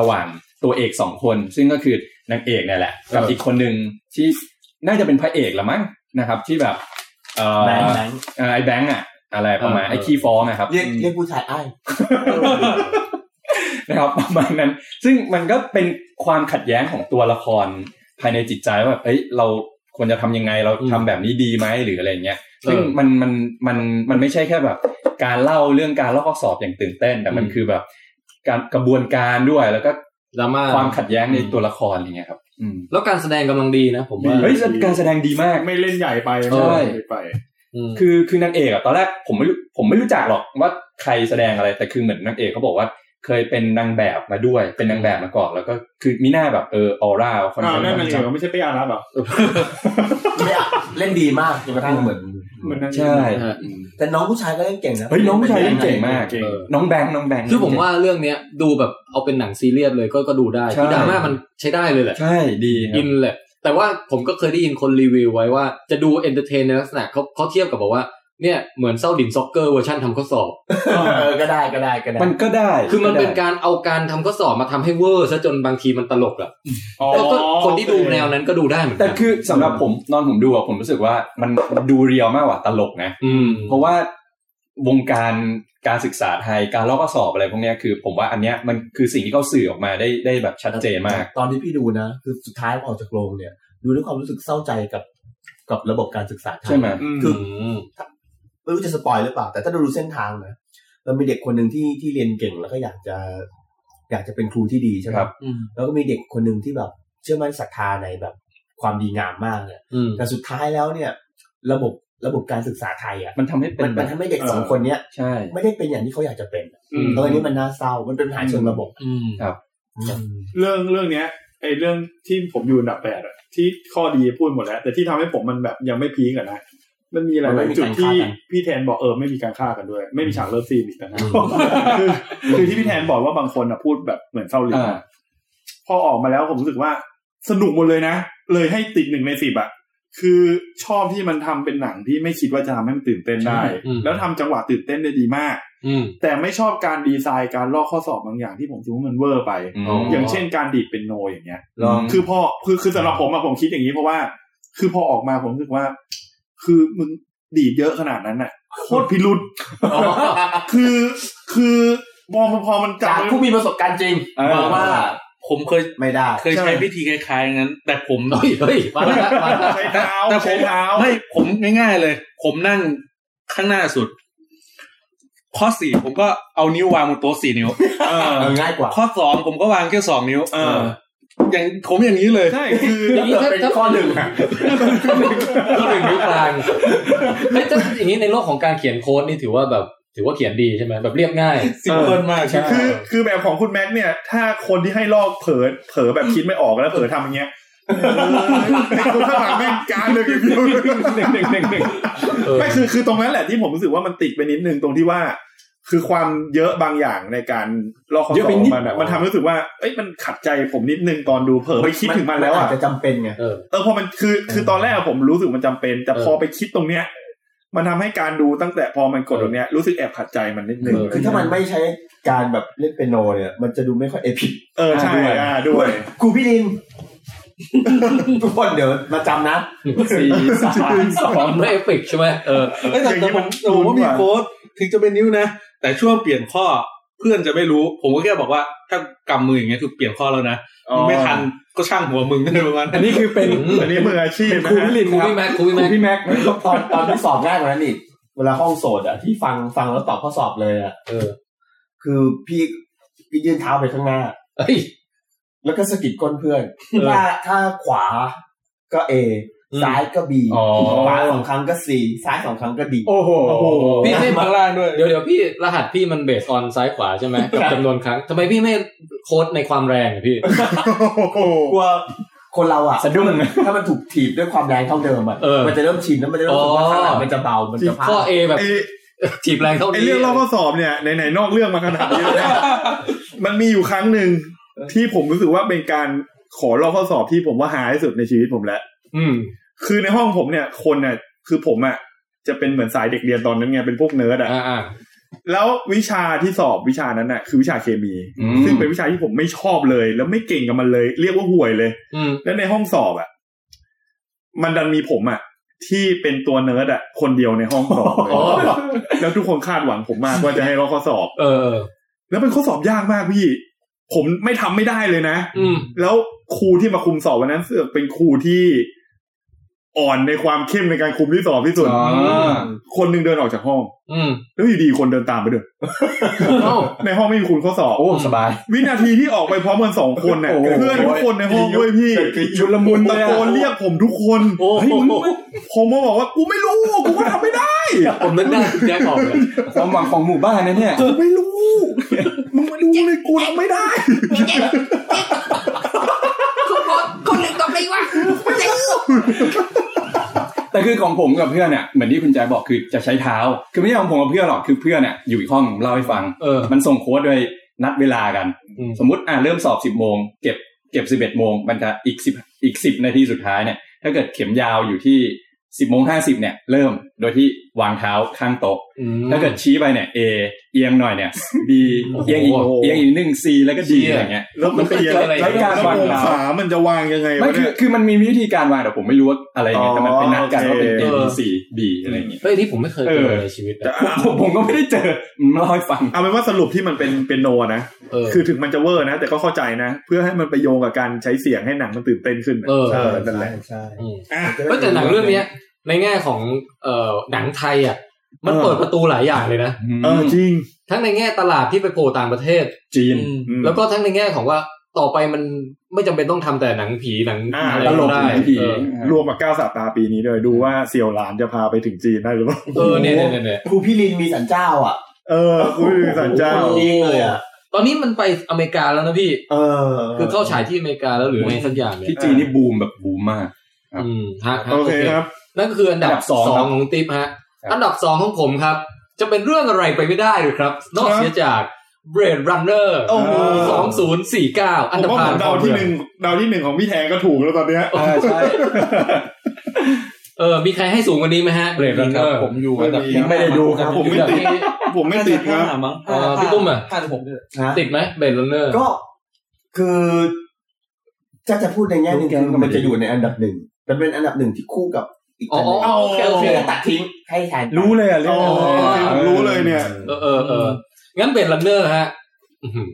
Speaker 7: ระหว่างตัวเอกสองคน ซึ่งก็คือนางเอกเนี่ยแหละกับอีกคนหนึ่งที่น่าจะเป็นพระเอกละมั้งนะครับ ที่แบบเอ่อ
Speaker 4: แบงค์แบงค์
Speaker 7: เอ่อไอ้แบงก์อะอะไรประมาณ
Speaker 1: เออ
Speaker 7: ไอ้ขี้ฟ้องนะครับ
Speaker 4: เรียกเรียกผู้ชายไอ้าย
Speaker 7: [laughs] นะครับประมาณนั้น ซึ่งมันก็เป็นความขัดแย้งของตัวละครภายในจิตใจว่าแบบเอ้ยเราควรจะทำยังไงเราทำแบบนี้ดีไหมหรืออะไรเงี้ยซึ่งมันมันมันมันไม่ใช่แค่แบบ การเล่าเรื่องการลอกข้อสอบอย่างตื่นเต้น แต่มันคือแบบ การกระบวนการด้วยแล้วก็
Speaker 1: ดราม่า
Speaker 7: ความขัดแย้งใน
Speaker 1: อืม
Speaker 7: ตัวละครอย่างเงี้ยครับอืม
Speaker 1: แล้วการแสดงกำลังดีนะผมว่า
Speaker 7: เฮ้ยการแสดงดีมาก
Speaker 2: ไม่เล่นใหญ่ไป
Speaker 1: ใช่
Speaker 2: ไม่เล่นใหญ่ไป
Speaker 1: ม
Speaker 7: คือคือนางเอกอะตอนแรกผมไม่รู้ผมไม่รู้จักหรอกว่าใครแสดงอะไรแต่คือเหมือนนางเอกเขาบอกว่า เคยเป็นนางแบบมาด้วย เป็นนางแบบมาก่อนแล้วก็คือมีหน้าแบบเออออร่าคอน
Speaker 2: อ้าว
Speaker 7: เทน
Speaker 2: นั่นนาง
Speaker 7: ต์
Speaker 2: เอกไม่ใช่เป้อารักษ์เหรอ
Speaker 4: ไม่อะเล่นดีมากจนกระทั่งเหมือน
Speaker 2: เหมือนนางเอก
Speaker 7: ใช่
Speaker 1: ฮะ
Speaker 4: แต่น้องผู้ชายก็เล่นเก่งนะ
Speaker 7: เฮ้ยน้องผู้ชายเล่นเก่งมาก
Speaker 2: เก่ง
Speaker 7: น้องแบงค์น้องแบงค์
Speaker 1: คือผมว่าเรื่องเนี้ยดูแบบเอาเป็นหนังซีเรียสเลยก็ก็ดูได้
Speaker 7: ใช่
Speaker 1: คือดราม่ามันใช้ได้เลยแหละ
Speaker 7: ใช่ดีครั
Speaker 1: อิ
Speaker 7: บ
Speaker 1: นแหละ แต่ว่าผมก็เคยได้ยินคนรีวิวไว้ว่าจะดูเอนเตอร์เทนในลักษณะเขาเขาเทียบกับบอกว่าเนี่ยเหมือนเศร้าดินซ็อกเกอร์เวอร์ชันทำข้อสอบ
Speaker 4: เออก็ได้ก็ได้ก็ได้
Speaker 7: มันก็ได้
Speaker 1: คือมันเป็นการเอาการทำข้อสอบมาทำให้เวอร์ซะจนบางทีมันตลกอะแล้วก็คนที่ดูแนวนั้นก็ดูได้เหมือนกั
Speaker 7: แต่คือสำหรับผมนอนผมดูอะผมรู้สึกว่ามันดูเรียลมากกว่าตลกนะ
Speaker 1: อืม
Speaker 7: เพราะว่า วงการการศึกษาไทยการลอกข้อสอบอะไรพวกเนี้ยคือ ผมว่าอันเนี้ยมันคือสิ่งที่เขาสื่อออกมาได้ได้แบบชัดเจนมาก
Speaker 4: ตอนที่พี่ดูนะ คือสุดท้ายพอออกจากโรงเนี่ย ดูด้วยความรู้สึกเศร้าใจกับกับระบบการศึกษาไทย
Speaker 7: ใช่ไหม
Speaker 4: คือไม่รู้จะสปอยหรือเปล่า แต่ถ้าดูเส้นทางนะมันมีเด็กคนหนึ่งที่ที่เรียนเก่งแล้วก็อยากจะ อยากจะเป็นครูที่ดีใช่ไหม
Speaker 7: ครับ
Speaker 4: แล้วก็มีเด็กคนหนึ่งที่แบบเชื่อมั่นศรัทธาในแบบความดีงามมากเนี่ย
Speaker 1: อืม
Speaker 4: แต่สุดท้ายแล้วเนี่ย ระบบระบบการศึกษาไทยอ่ะ
Speaker 7: มันทำให้เป็
Speaker 4: มัน น
Speaker 7: แบ
Speaker 4: มัน
Speaker 7: บ
Speaker 4: ทำให้เด็กสองคนเนี้ย
Speaker 7: ใช่
Speaker 4: ไม่ได้เป็นอย่างที่เขาอยากจะเป็น
Speaker 2: อืม
Speaker 4: เอออนนี้มันน่าเศร้า มันเป็นปัญหาเชิงระบบ
Speaker 1: อืม
Speaker 2: เรื่องเรื่องเนี้ยไอเรื่องที่ผมอยู่อันดับแปดอะที่ข้อดีพูดหมดแล้ว แต่ที่ทำให้ผมมันแบบยังไม่พีคอะนะ มันมีหลายๆจุดที่พี่แทนบอกเออไม่มีการฆ่ากันด้วย ไม่มีฉากเลิฟซีนอีกนะคือ [laughs] คือที่พี่แทนบอกว่าบางคนอะพูดแบบเหมือนเศร้าลิ้นอะ
Speaker 7: อ่า
Speaker 2: พอออกมาแล้วผมรู้สึกว่าสนุกหมดเลยนะ เลยให้ติดหนึ่งในสิบอะคือชอบที่มันทำเป็นหนังที่ไม่คิดว่าจะทำให้มันตื่นเต้นได้
Speaker 1: อืม
Speaker 2: แล้วทำจังหวะตื่นเต้นได้ดีมาก
Speaker 1: อืม
Speaker 2: แต่ไม่ชอบการดีไซน์การลอกข้อสอบบางอย่างที่ผมคิดว่ามันเวอร์ไป
Speaker 7: อ๋อ
Speaker 2: อ
Speaker 7: อ
Speaker 2: ย่างเช่นการดีดเป็นโนอย่างเงี้ย
Speaker 7: ลอง
Speaker 2: คือพอคือคือสำหรับผมอะผมคิดอย่างนี้เพราะว่า คือพอออกมาผมรู้สึกว่า คือมึงดีดเยอะขนาดนั้นน่ะโคตรพิรุษคือคือมองพอมันจั
Speaker 4: จา
Speaker 2: บ
Speaker 4: กผู้มีประสบการณ์จริง
Speaker 7: เออ
Speaker 4: บอกว่า
Speaker 10: ผมเคย
Speaker 4: ไม่ได้
Speaker 10: เคยใช้วิธีคล้ายๆงั้น แต่ผม
Speaker 1: เฮ้ยเฮ้ยมาแล้วมาแล้ว
Speaker 2: ใช้เท้า
Speaker 10: แต่ผม
Speaker 2: ใช้เท้า
Speaker 10: ไม่ผมง่ายๆเลย ผมนั่งข้างหน้าสุด ข้อสี่ผมก็เอานิ้ววางบนโต๊ะสี่นิ้ว
Speaker 2: เออ
Speaker 4: เออง่ายกว่า
Speaker 10: ข้อสองผมก็วางแค่สองนิ้ว
Speaker 2: เออ
Speaker 10: อย่างผมอย่างนี้เลย
Speaker 2: ใช่คือ
Speaker 1: อย่างนี้ถ้า
Speaker 4: เป็น
Speaker 1: ถ้า
Speaker 4: ข้อหนึ่งอะ
Speaker 1: ก็หนึ่งนิ้วกลางเฮ้ยถ้าอย่างนี้ในโลกของการเขียนโค้ดนี่ถือว่าแบบถือว่าเขียนดีใช่ไหมแบบเรียบง่าย
Speaker 10: สิ่งเพิ่มมากใช่
Speaker 2: คือคือแบบของคุณแม็กซ์เนี่ย ถ้าคนที่ให้ลอกเผลอเผลอแบบคิดไม่ออกแล้วเผลอทำอย่างเงี้
Speaker 10: [laughs]
Speaker 2: ย [laughs] เด็กคนข้างหลังแม่งกลางหนึ่งอย่างเดียว
Speaker 7: หนึ่งหนึ่งหนึ่งหนึ่ง
Speaker 1: เออ
Speaker 2: ไม่คือคือตรงนั้นแหละที่ผมรู้สึกว่ามันติดไปนิดนึงตรงที่ว่า คือความเยอะบางอย่างในการลอกข้อ
Speaker 7: เย
Speaker 2: ส
Speaker 7: อะ
Speaker 2: อ
Speaker 7: ไป
Speaker 2: บ
Speaker 7: นิด
Speaker 2: มันอะมันทำให้รู้สึกว่าเอ้ยมันขัดใจผมนิดนึงตอนดูเผลอไปคิดถึงมันแล้ว
Speaker 4: อา
Speaker 2: อ่ะ
Speaker 4: จจะจำเป็นไง
Speaker 1: เออ
Speaker 2: เออพอมันคือคือตอนแรกผมรู้สึกมันจำเป็น แต่พอไปคิดตรงเนี้ย มันทำให้การดูตั้งแต่พอมันกดตรงเนี้ยรู้สึกแอบขัดใจมันนิดนึง
Speaker 1: เออ
Speaker 4: คือถ้ามันไม่ใช้การแบบเล่นเป็นโนเนี่ย มันจะดูไม่ค่อยเอพิก
Speaker 2: เออใช่อ่าด้วย
Speaker 4: ครูพี่ลิน ทุกคนเดี๋ยวมาจำนะ
Speaker 7: สี่สามสอง
Speaker 1: มันไม่เอฟเฟกต์ใช่ไหมเออ
Speaker 10: เอ้ยแต่
Speaker 2: อย่างนี้
Speaker 10: แต่ผ
Speaker 2: มัน
Speaker 10: มแต่ผมว่า
Speaker 2: ลุ้นก
Speaker 10: มี
Speaker 2: ว่า
Speaker 10: โค้ดถึงจะเป็นนิ้วนะ แต่ช่วงเปลี่ยนข้อเพื่อนจะไม่รู้ ผมก็แค่บอกว่าถ้ากำมืออย่างเงี้ยคือเปลี่ยนข้อแล้วนะมึงไม่ทันก็ช่างหัวมึงอะไรประมาณ
Speaker 7: อั
Speaker 10: นั้น น
Speaker 7: นี้คือเป็น
Speaker 2: อันนี้มืออาชีพ
Speaker 7: เป็
Speaker 2: นะ
Speaker 7: นครู
Speaker 2: ฮะ
Speaker 7: พี่ลิน
Speaker 1: ครู
Speaker 7: ครับ
Speaker 1: พี่แม็กซ์ครูพี่แม็กซ์
Speaker 7: พี่แม็กซ์
Speaker 4: ตอนตอนที่สอบง่ายกว่านั้นอีก เวลาห้องโสดอะที่ฟังฟังแล้วตอบข้อสอบเลยอะ
Speaker 1: เออ
Speaker 4: คือพี่พี่ยื่นเท้าไปข้างหน้า
Speaker 1: เฮ้ย
Speaker 4: แล้วก็สะกิดก้นเพื่อน ถ้าถ้าขวาก็ A
Speaker 1: อืม
Speaker 4: ซ้ายก็ B
Speaker 7: อ๋อ
Speaker 4: ขวาสองครั้งก็ C ซ้ายสองครั้งก็ D
Speaker 7: โอ้โห
Speaker 1: พี่ไม่
Speaker 10: ข้างล่างด้วย
Speaker 1: เดี๋ยวเดี๋ยวพี่รหัสพี่มันเบสออนซ้ายขวาใช่ไหมกับจำนวนครั้งทำไมพี่ไม่โค้ดในความแรงอะพี่
Speaker 2: โอ้โห
Speaker 4: กลัวคนเราอ่ะ
Speaker 7: สะดุ้ง
Speaker 4: ถ้ามันถ้ามันถูกถีบด้วยความแรงเท่าเดิมอะ
Speaker 1: เออ
Speaker 4: มันจะเริ่มชินแล้วมันจะเริ่มรู้สึกว่า
Speaker 1: อ๋อ
Speaker 4: ข้างหลังมันจะเบา มันจะพลา
Speaker 1: ข้อ
Speaker 4: ด
Speaker 1: A แบบ
Speaker 2: ไอ้
Speaker 1: ถีบแรงเท่า
Speaker 2: ไอ้
Speaker 1: นี้
Speaker 2: เรื่องลอกข้อสอบเนี่ยไหนไหนๆนอกเรื่องมาขนาดนี้แล้วเนี่ยมันมีอยู่ครั้งหนึ่งที่ผมรู้สึกว่าเป็นการขอลอกข้อสอบที่ผมว่าหาที่สุดในชีวิตผมแล้ว
Speaker 1: อืม
Speaker 2: คือในห้องผมเนี่ยคนเนี่ยคือผมอ่ะจะเป็นเหมือนสายเด็กเรียนตอนนั้นไงเป็นพวกเนิร์ดอ่ะ
Speaker 1: อ่าอ่า
Speaker 2: แล้ววิชาที่สอบวิชานั้นน่ะคือวิชาเคมี
Speaker 7: อืม
Speaker 2: ซึ่งเป็นวิชาที่ผมไม่ชอบเลย แล้วไม่เก่งกับมันเลย เรียกว่าห่วยเลย
Speaker 1: อืม
Speaker 2: แล้วในห้องสอบอ่ะมันดันมีผมอ่ะที่เป็นตัวเนิร์ดอ่ะคนเดียวในห้องสอบเลยแล้วทุกคนคาดหวังผมมากว่าจะให้ลอกข้อสอบ
Speaker 1: เออเออ
Speaker 2: แล้วเป็นข้อสอบยากมากพี่ ผมไม่ทำไม่ได้เลยนะ
Speaker 1: อืม
Speaker 2: แล้วครูที่มาคุมสอบวันนั้นเสือกเป็นครูที่อ่อนในความเข้มในการคุมที่สอบที่สุด
Speaker 7: อ๋อ
Speaker 2: คนหนึ่งเดินออกจากห้อง
Speaker 1: อืม
Speaker 2: แล้วอยู่ดีคนเดินตามไปด้วย
Speaker 1: เอ้า
Speaker 2: ในห้องไม่มีคุณข้อสอบ
Speaker 7: โอ้สบาย
Speaker 2: วินาทีที่ออกไปพร้อมกันสองคนเนี่ย
Speaker 7: โอ้โห
Speaker 2: เพื่อนทุกคนในห้องด้วยพี่
Speaker 7: ชุดละมุน
Speaker 2: ตะ
Speaker 7: เลยอะ
Speaker 2: โกนเรียกผมทุกคน
Speaker 1: โอ้โห
Speaker 2: เฮ้ยมึงผมมาบอกว่ากูไม่รู้กูก็ทำไม่ได้
Speaker 1: ผมนึกได้แจ็คออกเลย
Speaker 7: ความหวังของหมู่บ้านนะเนี่ย
Speaker 2: กูไม่รู้มึงมาดูเลยกูทำไม่ได้
Speaker 7: แต่คือของผมกับเพื่อนเนี่ยเหมือนที่คุณแจคบอกคือจะใช้เท้า คือไม่ใช่ของผมกับเพื่อนหรอกคือเพื่อนเนี่ยอยู่อีกห้องเล่าให้ฟัง
Speaker 1: เออ
Speaker 7: มันส่งโค้ดโดยนัดเวลากัน
Speaker 1: อืม
Speaker 7: สมมติอ่าเริ่มสอบสิบโมงเก็บเก็บสิบเอ็ดโมงมันจะอีกสิบอีกสิบนาทีสุดท้ายเนี่ย ถ้าเกิดเข็มยาวอยู่ที่สิบโมงห้าสิบเนี่ย เริ่มโดยที่วางเท้าข้างโต๊ะ
Speaker 1: อืม
Speaker 7: ถ้าเกิดชี้ไปเนี่ย A เอียงหน่อยเนี่ย B เอียงอีกเอียงอีกหนึ่ง C แล้วก็ D อะไรเงี้ย
Speaker 2: แล้วมันเป็น
Speaker 7: เกิดอะไรขึ้น
Speaker 2: แล้วการวางขามันจะวางยังไง
Speaker 7: ไม่
Speaker 2: วะ
Speaker 7: คื
Speaker 2: เนี่
Speaker 7: อย คือมันมีวิธีการวางแต่ผมไม่รู้ว่าอะไรเงี้ยแต่มันเป็นนัดกันว่าเป็น A
Speaker 2: อ๋อโอ
Speaker 7: B
Speaker 2: เค
Speaker 7: C D อะไรเงี้ย [laughs]
Speaker 1: เฮ้ยที่ผมไม่เคย
Speaker 7: เอ
Speaker 1: เจ
Speaker 7: อ
Speaker 1: อในชีวิตนะ
Speaker 7: ผมผมผมก็ไม่ได้เจอมันเล่าให้ฟัง
Speaker 2: เอาเป็นว่าสรุปที่มันเป็นเป็นโนนะ
Speaker 1: เออ
Speaker 2: คือถึงมันจะเวอร์นะ แต่ก็เข้าใจนะ เพื่อให้มันไปโยงกับการใช้เสียงให้หนังมันตื่นเต้นขึ้นน่ะ
Speaker 1: เออ
Speaker 2: เออนั่นแหละ
Speaker 4: ใช่
Speaker 1: อืม
Speaker 2: อ่ะ
Speaker 4: จะได้
Speaker 1: เฮ้ยแต่หนังเรื่องเนี้ย ในแง่ของเอ่อหนังไทยอ่ะมัน
Speaker 2: เออ
Speaker 1: เปิดประตูหลายอย่างเลยนะ
Speaker 2: เออจริง
Speaker 1: ทั้งในแง่ตลาดที่ไปโผล่ต่างประเทศ
Speaker 7: จีน
Speaker 2: อืม
Speaker 1: แล้วก็ทั้งในแง่ของว่าต่อไปมันไม่จำเป็นต้องทำแต่หนังผีหนัง
Speaker 2: อ่า
Speaker 1: อะไร
Speaker 7: ตล
Speaker 1: ก็
Speaker 7: ก
Speaker 1: ได้
Speaker 7: หนังผี
Speaker 1: เออ
Speaker 2: รวมกับก้าวสาปตาปีนี้ด้วยดูว่าเสี่ยวหลานจะพาไปถึงจีนได้หรือเปล่า
Speaker 1: เออเนี่ยเนี่ยเนี่ยเนี่ย
Speaker 4: ครูพี่ลินมีสันเจ้าอ่ะ
Speaker 2: เออคุยสันเจ้า
Speaker 4: จริงเลยอ่ะ
Speaker 1: ตอนนี้มันไปอเมริกาแล้วนะพี่
Speaker 4: เออ
Speaker 1: คือเข้าฉายที่อเมริกาแล้วหรือในสักอย่างเนี่ย
Speaker 7: ที่จีนนี่บูมแบบบูมมาก
Speaker 1: อืมฮะฮะ
Speaker 2: โอเคครับ
Speaker 1: นั่นก็คืออันดั
Speaker 7: อันดั
Speaker 1: บบ ส
Speaker 7: ส
Speaker 1: อ
Speaker 7: องครับ
Speaker 1: งของติ๊บฮะ
Speaker 7: ครับ
Speaker 1: อันดับสองของผมครับ จะเป็นเรื่องอะไรไปไม่ได้เลยครับ นอกเสียจาก Blade Runner
Speaker 2: โอ้โห
Speaker 1: 2049
Speaker 2: ผ
Speaker 1: อัน
Speaker 2: ม
Speaker 1: ดับ
Speaker 2: ว่าผ
Speaker 1: ผ่าน
Speaker 2: มเดาที่หนึ่งเดาที่หนึ่งของพี่แทนก็ถูกแล้วตอนเนี้ย
Speaker 7: อ่าใช่
Speaker 1: เออมีใครให้สูงกว่านี้ไหมฮะ Blade
Speaker 3: ครับ
Speaker 1: Runner
Speaker 3: ผมอยู่อันดับ
Speaker 7: ผมไม่ได้ดูครับ
Speaker 2: ผมไม่ติดผมไม่ติดครับ
Speaker 3: ห้ามั้ง
Speaker 1: เออพี่ตุ้มอะ
Speaker 3: ห้าสิบหกเนี่ย
Speaker 4: ฮะ
Speaker 1: ติดไหม Blade Runner
Speaker 4: ก็คือถ้าจะพูดในแง่หนึงคือมันจะอยู่ในอันดับหนึ่งมันเป็นอันดับหนึ่งที่คู่กับอีก
Speaker 1: อ๋อ
Speaker 4: อันหนึ่ง
Speaker 1: โอเคโอเค
Speaker 4: แล้วตัดทิ้งให้ทาน
Speaker 7: รู้เลยอ่ะเรื่อง
Speaker 2: อ๋อผมรู้เลยเนี่ย
Speaker 1: เออเออเอองั้นเบรดลันเนอร์ฮะอื้อหือ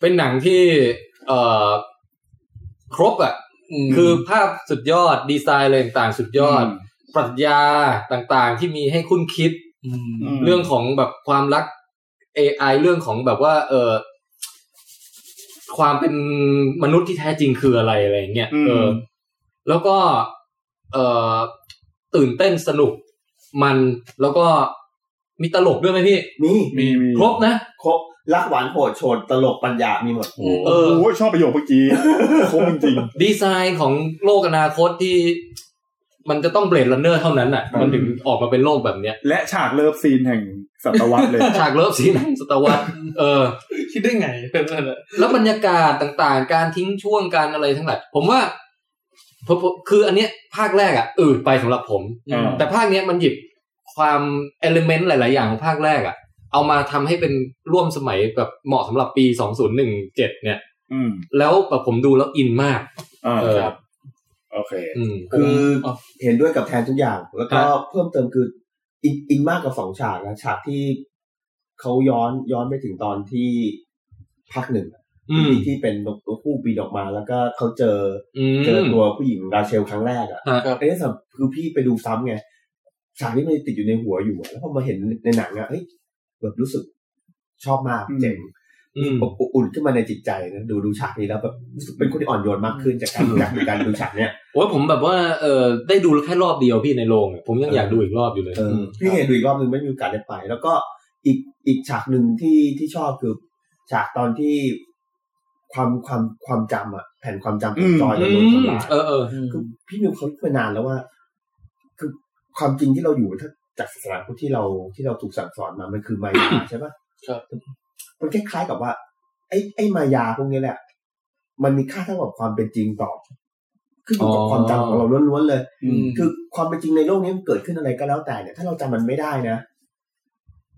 Speaker 1: เป็นหนังที่เอ่อครบอ่ะ คือภาพสุดยอดดีไซน์อะไรต่างๆสุดยอด ปรัชญาต่างๆ ที่มีให้คุณคิด เรื่องของแบบความรัก AI เรื่องของแบบว่า เออความเป็นมนุษย์ที่แท้จริงคืออะไรอะไรอย่างเงี้ย
Speaker 2: อืม
Speaker 1: เออ แล้วก็เออตื่นเต้นสนุกมันแล้วก็มีตลกด้วยไหมพี่
Speaker 4: นี่
Speaker 2: มีมี
Speaker 1: ครบนะ
Speaker 4: ครบรักหวานโหดโชนตลกปัญญามีหมด
Speaker 1: เอ
Speaker 2: โอ้
Speaker 1: อ
Speaker 2: โหชอบประโยคเมื่อกี้คมจริง
Speaker 1: ดีไซน์ของโลกอนาคตที่ มันจะต้องเบรด d ันเนอร์เท่านั้นอ่ะ มันถึงออกมาเป็นโลกแบบเนี้ย
Speaker 2: และฉากเลิฟซีนแห่งศตวรรษเลย
Speaker 1: ฉากเลิฟซี
Speaker 4: [laughs]
Speaker 1: นสตวรรษเออ
Speaker 3: คิดได้ไง
Speaker 1: แล้วบรรยากาศต่างๆ การทิ้งช่วงการอะไรทั้งหลายผมว่าผมผมคืออันเนี้ยภาคแรกอ่ะอืดไปสำหรับผม
Speaker 2: อ่า
Speaker 1: แต่ภาคเนี้ยมันหยิบความเอลิเมนต์หลายๆ อย่างของภาคแรกอ่ะ เอามาทำให้เป็นร่วมสมัยแบบเหมาะสำหรับปี 2017 เนี่ย
Speaker 2: อืม
Speaker 1: แล้วแบบผมดูแล้วอินมาก
Speaker 2: อ่า
Speaker 1: เออ
Speaker 2: โอเค
Speaker 1: อืม
Speaker 4: คือเห็นด้วยกับแทนทุกอย่าง แล้วก็เพิ่มเติมคืออินอินมากกว่าสองฉากนะฉากที่เขาย้อนย้อนไปถึงตอนที่ภาคหนึ่งอะ
Speaker 1: อืม
Speaker 4: ที่เป็นนกตัวผู้บินออกมาแล้วก็เขาเจอ
Speaker 1: อืม
Speaker 4: เจอตัวผู้หญิงราเชลครั้งแรกอ่ะ
Speaker 1: ฮะ
Speaker 4: ไอ้นี่สำหรับคือพี่ไปดูซ้ำไงฉากที่มันติดอยู่ในหัวอยู่อะแล้วพอมาเห็นในหนังอ่ะเฮ้ยแบบรู้สึกชอบมาก
Speaker 2: อืม
Speaker 4: เจ๋ง
Speaker 1: อืม
Speaker 4: อบอุ่นขึ้นมาในจิตใจนะดูดูฉากนี้แล้วแบบรู้สึกเป็นคนที่อ่อนโยนมากขึ้นจากการจากการดูฉากเนี้ย
Speaker 1: โอ้ยผมแบบว่าเออได้ดูแค่รอบเดียวพี่ในโรงอะผมยังอยากดูอีกรอบอยู่เลย
Speaker 4: เออพี่เห็นดูอีกรอบนึงไม่มีโอกาสได้ไป แล้วก็อีกอีกฉากหนึ่งที่ที่ชอบคือฉากตอนที่ความความความจำอ่ะ แผ่นความจำข
Speaker 2: อื
Speaker 4: อง
Speaker 2: ม
Speaker 4: จอย
Speaker 1: อื
Speaker 4: จะโดน
Speaker 1: ม
Speaker 4: ทำลาย
Speaker 1: เออเออ
Speaker 4: คือพี่มิวเขาคิดมานานแล้วว่า คือความจริงที่เราอยู่ถ้าจากศาสนาพุทธที่เราที่เราถูกสั่งสอนมามันคือมายาใช่ปะ
Speaker 3: ครับ
Speaker 4: มันคล้ายๆกับว่า ไอ้ไอ้มายาพวกนี้แหละ มันมีค่าเท่ากับความเป็นจริงต่อขึ้นอยู่กับ
Speaker 1: อ๋อ
Speaker 4: ความจำของเราล้วนๆเลย
Speaker 2: อืม
Speaker 4: คือความเป็นจริงในโลกนี้มันเกิดขึ้นอะไรก็แล้วแต่เนี่ยถ้าเราจำมันไม่ได้นะ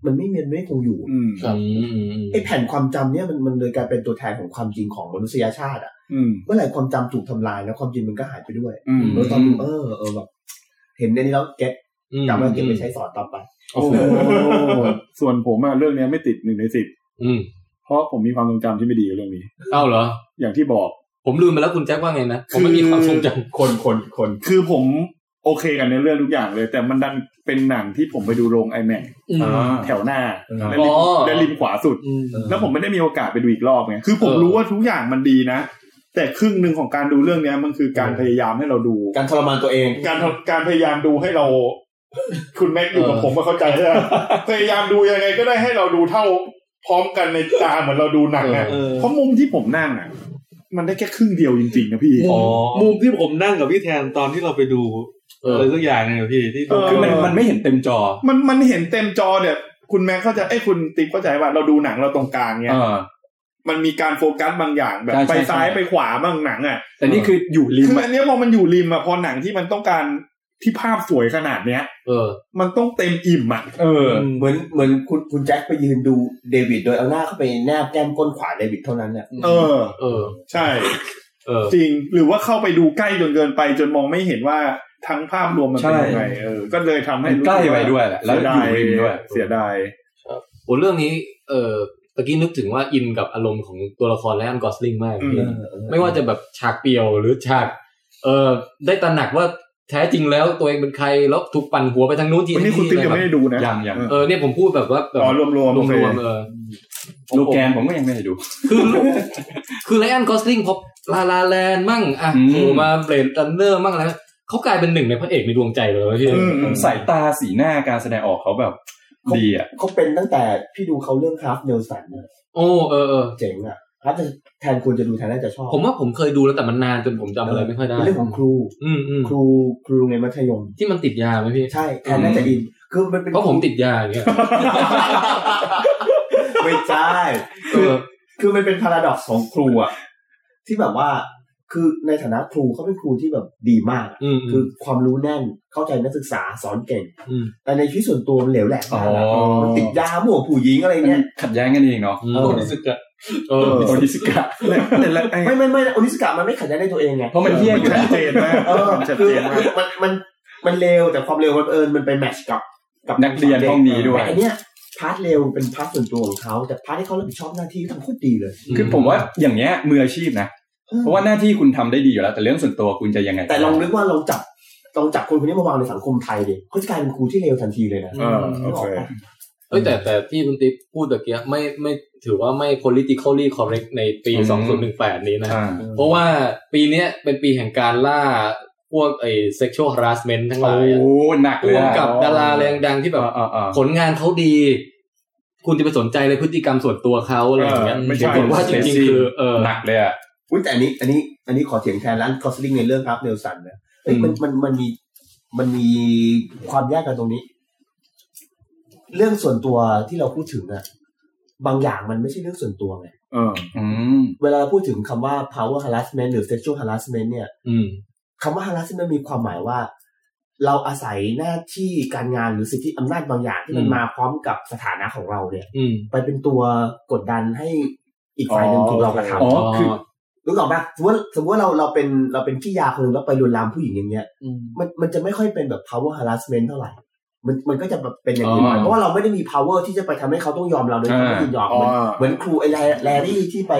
Speaker 4: มันไม่เมียนไม่คงอยู่
Speaker 2: อืม
Speaker 3: ครับ
Speaker 1: อืมอืมอืม
Speaker 4: ไอ้แผ่นความจำเนี่ยมันมันเลยกลายเป็นตัวแทนของความจริงของมนุษยชาติอ่ะ
Speaker 2: อืม
Speaker 4: เมื่อไหร่ความจำถูกทำลายแล้วความจริงมันก็หายไปด้วย
Speaker 2: อืม
Speaker 4: เออตอนดูเออเออแบบเห็นในนี้แล้วเก็ต
Speaker 1: อืม
Speaker 4: จำแล้วเก็ตไปใช้สอนต่อไป
Speaker 2: โอ้โหส่วนผมอะเรื่องเนี้ยไม่ติดหนึ่งในสิบ
Speaker 1: อืม
Speaker 2: เพราะผมมีความทรงจำที่ไม่ดีกับเรื่องนี้
Speaker 1: เอ้าเหรอ
Speaker 2: อย่างที่บอก
Speaker 1: ผมลืมไปแล้วคุณแจ็คว่าไงนะ ผมไม่มีความทรงจำ
Speaker 4: คนคนคน
Speaker 2: คือผมโอเคกันในเรื่องทุกอย่างเลย แต่มันดันเป็นหนังที่ผมไปดูโรง iMac
Speaker 7: อ่า
Speaker 2: แถวหน้าและ
Speaker 1: อ๋
Speaker 2: ริ
Speaker 1: อ
Speaker 2: มและริมขวาสุด แล้วผมไม่ได้มีโอกาสไปดูอีกรอบไงคือผม
Speaker 1: เออ
Speaker 2: รู้ว่าทุกอย่างมันดีนะ แต่ครึ่งหนึ่งของการดูเรื่องเนี้ยมันคือการพยายามให้เราดู
Speaker 4: การทรมานตัวเอง
Speaker 2: การทำการพยายามดูให้เรา [laughs] คุณแม็กอยู่กับผมมาเข้าใจใช่ไหมพยายามดูยังไงก็ได้ให้เราดูเท่าพร้อมกันในตาเหมือนเราดูหนังอะ
Speaker 3: เออ
Speaker 2: เพราะมุมที่ผมนั่งอ่ะ มันได้แค่ครึ่งเดียวจริงๆนะพี่
Speaker 3: มุมมุมที่ผมนั่งกับพี่แทนตอนที่เราไปดู
Speaker 1: เออ
Speaker 3: อะไรสักอย่างเนี่ยพี่ที่ดู
Speaker 2: เออ
Speaker 7: คือมันมันไม่เห็นเต็มจอ
Speaker 2: มันมันเห็นเต็มจอเนี่ยคุณแม็กเข้าใจไอ้ยคุณติ๊กเข้าใจว่าเราดูหนังเราตรงกลางเนี่ย
Speaker 7: อ่า
Speaker 2: มันมีการโฟกัสบางอย่างแบบ
Speaker 7: ใช่ใช่
Speaker 2: ไปซ้าย
Speaker 7: ใช่
Speaker 2: ไปขวาบางหนังอ่ะ
Speaker 7: แต่นี่คืออยู่ริม
Speaker 2: คือ
Speaker 7: อะ
Speaker 2: อันเนี้ยพอมันอยู่ริมอ่ะพอหนังที่มันต้องการ ที่ภาพสวยขนาดเนี้ย
Speaker 1: เออ
Speaker 2: มันต้องเต็มอิ่มอ่ะ
Speaker 7: เออ
Speaker 4: เหมือนเหมือนคุณคุณแจ็คไปยืนดูเดวิดโดยเอาหน้าเข้าไปแนบแก้มก้นขวาเดวิดเท่านั้นเนี่ย
Speaker 2: เออ
Speaker 1: เออ
Speaker 2: ใช่
Speaker 1: เออ
Speaker 2: จริง หรือว่าเข้าไปดูใกล้จนเกินไป จนมองไม่เห็นว่าทั้งภาพรวมมันเป็น
Speaker 7: ใช่
Speaker 2: ยังไงเออ ก็เลยทำให้
Speaker 7: มัน
Speaker 2: รู้
Speaker 7: ใกล้
Speaker 2: สึา
Speaker 7: ไปด้วยแหละแล้ว
Speaker 2: เสี
Speaker 7: อยู่ริมด้วย
Speaker 2: เสียดาย
Speaker 1: โอ้เรื่องนี้ เออตะกี้นึกถึงว่าอินกับอารมณ์ของตัวละครแลนกอสลิงมาก
Speaker 2: อืม
Speaker 1: พี่ไม่ว่าจะแบบฉากเปรียวหรือฉาก เออได้ตระหนักว่าแท้จริงแล้วตัวเองเป็นใครแล้วถูกปั่นหัวไปทางนู้นที
Speaker 2: วันนี้คุณติ๊กยัง
Speaker 1: แบบ
Speaker 2: ไม่ได้ดูนะ
Speaker 7: ยังยัง
Speaker 1: เออเนี่ยผมพูดแบบว่าแบบ
Speaker 2: อ๋อรวมๆ
Speaker 1: ร
Speaker 2: โอเคว
Speaker 1: มๆเออ
Speaker 7: โลแกนผมก็ยังไม่ได้ดู
Speaker 1: คือคือไรอันกอสลิงพอลาลาแลนมั่งอ่ะ
Speaker 7: อืม
Speaker 1: โผล่มาเบรดรันเนอร์มั่งอะไรมั่งเขากลายเป็นหนึ่งในพระเอกในดวงใจเลยพี่
Speaker 2: อืมอืม
Speaker 7: สายตาสีหน้าการแสดงออกเขาแบบดีอ่ะ
Speaker 4: เขาเป็นตั้งแต่พี่ดูเขาเรื่องคราฟเนลสันเนี่ย
Speaker 1: โอ้เออเออ
Speaker 4: เจ๋งอ่ะถ้าจะแทนคุณจะดูแทนน่าจะชอบ
Speaker 1: ผมว่าผมเคยดูแล้วแต่มันนานจนผมจำอะไรไม่ค่อยได้
Speaker 4: เป็นเรื่องของครู
Speaker 1: อืมอืม
Speaker 4: ครูครูโรงเรียนมัธยม
Speaker 1: ที่มันติดยาไหมพี่
Speaker 4: ใช่แทนน่าจะอินคือมันเป็น
Speaker 1: เพราะผมติดยาอย่างเงี้ย
Speaker 4: ไม่ใช่
Speaker 1: เอ
Speaker 4: คือ
Speaker 1: อ
Speaker 4: คือมันเป็นพาราดอกของครูอะที่แบบว่า คือในฐานะครูเขาเป็นครูที่แบบดีมากอะ
Speaker 1: อืม
Speaker 4: คื
Speaker 1: คือ อ
Speaker 4: ความรู้แน่นเข้าใจนักศึกษาสอนเก่ง
Speaker 1: อืม
Speaker 4: แต่ในชีวิตส่วนตัวมันเหลวแหลกมากอะ
Speaker 7: อ๋อ
Speaker 4: มันติดยาหมู่วผู้หญิงอะไรเงี้ย
Speaker 7: ขัดแย้งกันเองเนาะ
Speaker 4: เออ
Speaker 1: รู้สึกอะเออ
Speaker 7: โอดิสกะ
Speaker 2: แต่ละไอ้
Speaker 4: ไม่ไม่ไม่โอนิสกะมันไม่ขัดแย้งในตัวเองไง
Speaker 7: เพราะมันเที่ยงอยู่
Speaker 2: ชัด
Speaker 7: แล้ว
Speaker 2: เจนมาก
Speaker 4: เออ
Speaker 2: มันชัด
Speaker 4: คือ
Speaker 2: เจนมาก
Speaker 4: มันมันมันเลวแต่ความเลวมันเอิญมันไปแมทช์กับ กับ
Speaker 7: นักเรียนห้องนี้ด้วย
Speaker 4: แต่อันเนี้ยพาร์ทเลวเป็นพาร์ทส่วนตัวของเขาแต่พาร์ทที่เขารับผิดชอบหน้าที่ทำโคตรดีเลย
Speaker 7: คือผมว่าอย่างเงี้ยมืออาชีพนะ เพราะว่าหน้าที่คุณทำได้ดีอยู่แล้ว แต่เรื่องส่วนตัวคุณจะยังไง
Speaker 4: แต่ลองนึกว่าเราจับลองจับคนคนนี้มาวางในสังคมไทยดิเขาจะกลายเป็นครูที่เลวทันทีเลยนะ
Speaker 2: เออโอเค
Speaker 1: เอ้ยแต่แต่ที่คุณติ๊บพูดตะเกียไม่ไม่ถือว่าไม่ politically correct ในปี 2018 นี้นะ
Speaker 7: อ่า
Speaker 1: เพราะว่าปีเนี้ยเป็นปีแห่งการล่าพวกไอ้ sexual harassment ทั้งห
Speaker 7: โอ้
Speaker 1: ลายอะ
Speaker 7: หนักเล
Speaker 1: ร
Speaker 7: ยว
Speaker 1: ม
Speaker 7: อะ
Speaker 1: กับดาราแรงดังที่แบบ
Speaker 7: อ่าอ่า
Speaker 1: ผลงานเขาดี คุณจะไปสนใจเลยพฤติกรรมส่วนตัวเขาอะไรอย่างเงี้ย
Speaker 2: เออไม่ใช่
Speaker 1: ปรากฏว่าจริงๆคือเออ
Speaker 7: หนักเลยอ่ะ
Speaker 4: อุ้ยแต่อันนี้ อันนี้ อันนี้ขอเถียงแทนร้านคอสลิงในเรื่องครับเนลสันนะเอ้ยมันมันมันมีมันมีความยากกันตรงนี้ เรื่องส่วนตัวที่เราพูดถึงอะบางอย่างมันไม่ใช่เรื่องส่วนตัวไง
Speaker 2: เออ
Speaker 7: อืม
Speaker 4: เวลาเราพูดถึงคำว่า power harassment หรือ sexual harassment เนี่ย
Speaker 1: อืม
Speaker 4: คำว่า harassment มีความหมายว่า เราอาศัยหน้าที่การงานหรือสิทธิอำนาจบางอย่างที่มัน
Speaker 1: อืม
Speaker 4: มาพร้อมกับสถานะของเราเนี่ย
Speaker 1: อืม
Speaker 4: ไปเป็นตัวกดดันให้อีกฝ่ายหนึ่ง
Speaker 2: อ๋อ
Speaker 4: ถูกเรากระ
Speaker 7: อ๋อ
Speaker 4: ทำ
Speaker 7: คือ
Speaker 4: รู้หรอปะสมมติสมมติว่าเราเราเป็นเราเป็นขี้ยาคนหนึ่งแล้วไปลวนลามผู้หญิงอย่างเงี้ยมันมันจะไม่ค่อยเป็นแบบ power harassment เท่าไหร่ มันมันก็จะแบบเป็นอย่างอื่น
Speaker 7: อ๋อ
Speaker 4: เพราะว่าเราไม่ได้มี power ที่จะไปทำให้เขาต้องยอมเราโดยที่
Speaker 7: อ่า
Speaker 4: ไม่ยินยอม
Speaker 2: อ๋
Speaker 4: เหมื
Speaker 2: อ
Speaker 4: อนเหมือนครูไอ้แลแลรี่ที่ไป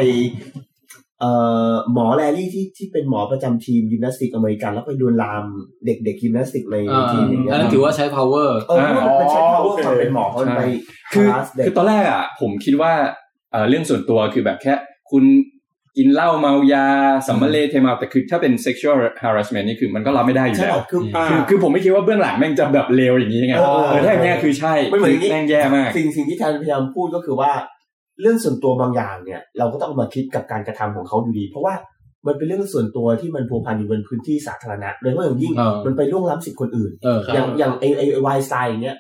Speaker 4: เอ่อหมอแลรี่ที่ที่เป็นหมอประจำทีมยิมนาสติกอเมริกัน แล้วไปลวนลามเด็กๆยิมนาสติกใน
Speaker 1: อ่า
Speaker 4: ทีมอย่างเงี้ย
Speaker 1: อันนั้นถือว่าใช้ power
Speaker 4: เออเพราะว่ามันใช้
Speaker 2: อ๋อโอ
Speaker 4: power
Speaker 2: เค
Speaker 4: ความเป็นหมอมันไป
Speaker 7: คือ
Speaker 4: harass เด็ก
Speaker 7: คือตอนแรกอ่ะ ผมคิดว่าเอ่อเรื่องส่วนตัวคือแบบแค่ คุณกินเหล้าเมายาสัมมาเลเทเมาแต่คือถ้าเป็น sexual harassment นี่คือมันก็รับไม่ได้อยู่
Speaker 4: ใช่
Speaker 7: แล้ว
Speaker 4: คือ
Speaker 2: อ่า
Speaker 7: คือคือผมไม่คิดว่าเบื้องหลังแม่งจะแบบเลวอย่างนี้ไง
Speaker 4: เออ
Speaker 7: เออถ้าอย่างเงี้ยคือใช่
Speaker 4: ไม่เหมือนอย่างงี้
Speaker 7: แม่งแย่มาก
Speaker 4: สิ่งสิ่งที่แทนพยายามพูดก็คือว่า เรื่องส่วนตัวบางอย่างเนี่ย เราก็ต้องเอามาคิดกับการกระทำของเขาอยู่ดี เพราะว่ามันเป็นเรื่องส่วนตัวที่มันผูกพันอยู่บนพื้นที่สาธารณะโดยเฉพาะอย่างยิ่ง
Speaker 1: เออ
Speaker 4: มันไปล่วงล้ำสิทธิคนอื่น
Speaker 1: เออครับ
Speaker 4: อย่างอย่างไอไอวายสไตล์อย่างเงี้ย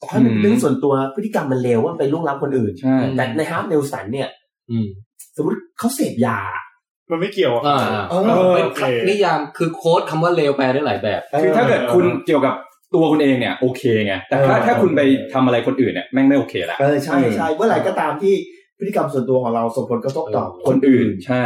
Speaker 4: ต่อให้มันเป็
Speaker 7: อืม
Speaker 4: นเรื่องส่วนตัวพฤติกรรมมันเลวว่ามันไปล่วงล้ำคนอื่น
Speaker 7: ใช่
Speaker 4: แต่ในฮาร์ปเนลสันเนี่ย
Speaker 1: อืม
Speaker 4: สมมติเขาเสพยา
Speaker 2: มันไม่เกี่ยวอ่ะ
Speaker 1: อ่า
Speaker 4: เออ
Speaker 2: เออ
Speaker 1: เป็น
Speaker 2: โอเค
Speaker 1: นิยามคือโค้ดคำว่าเลวแปลได้หลายแบบ
Speaker 7: คือถ้าเกิดคุณเกี่ยวกับตัวคุณเองเนี่ยโอเคไงแต่ถ้า
Speaker 4: เออ
Speaker 7: ถ้าคุณไปทำอะไรคนอื่นเนี่ยแม่งไม่โอเคละ
Speaker 4: เออใช่ใช่เมื่อไหร่ก็ตามที่พฤติกรรมส่วนตัวของเราส่งผลกระทบต่อ
Speaker 1: เออ
Speaker 4: คนอื่น
Speaker 7: ใช่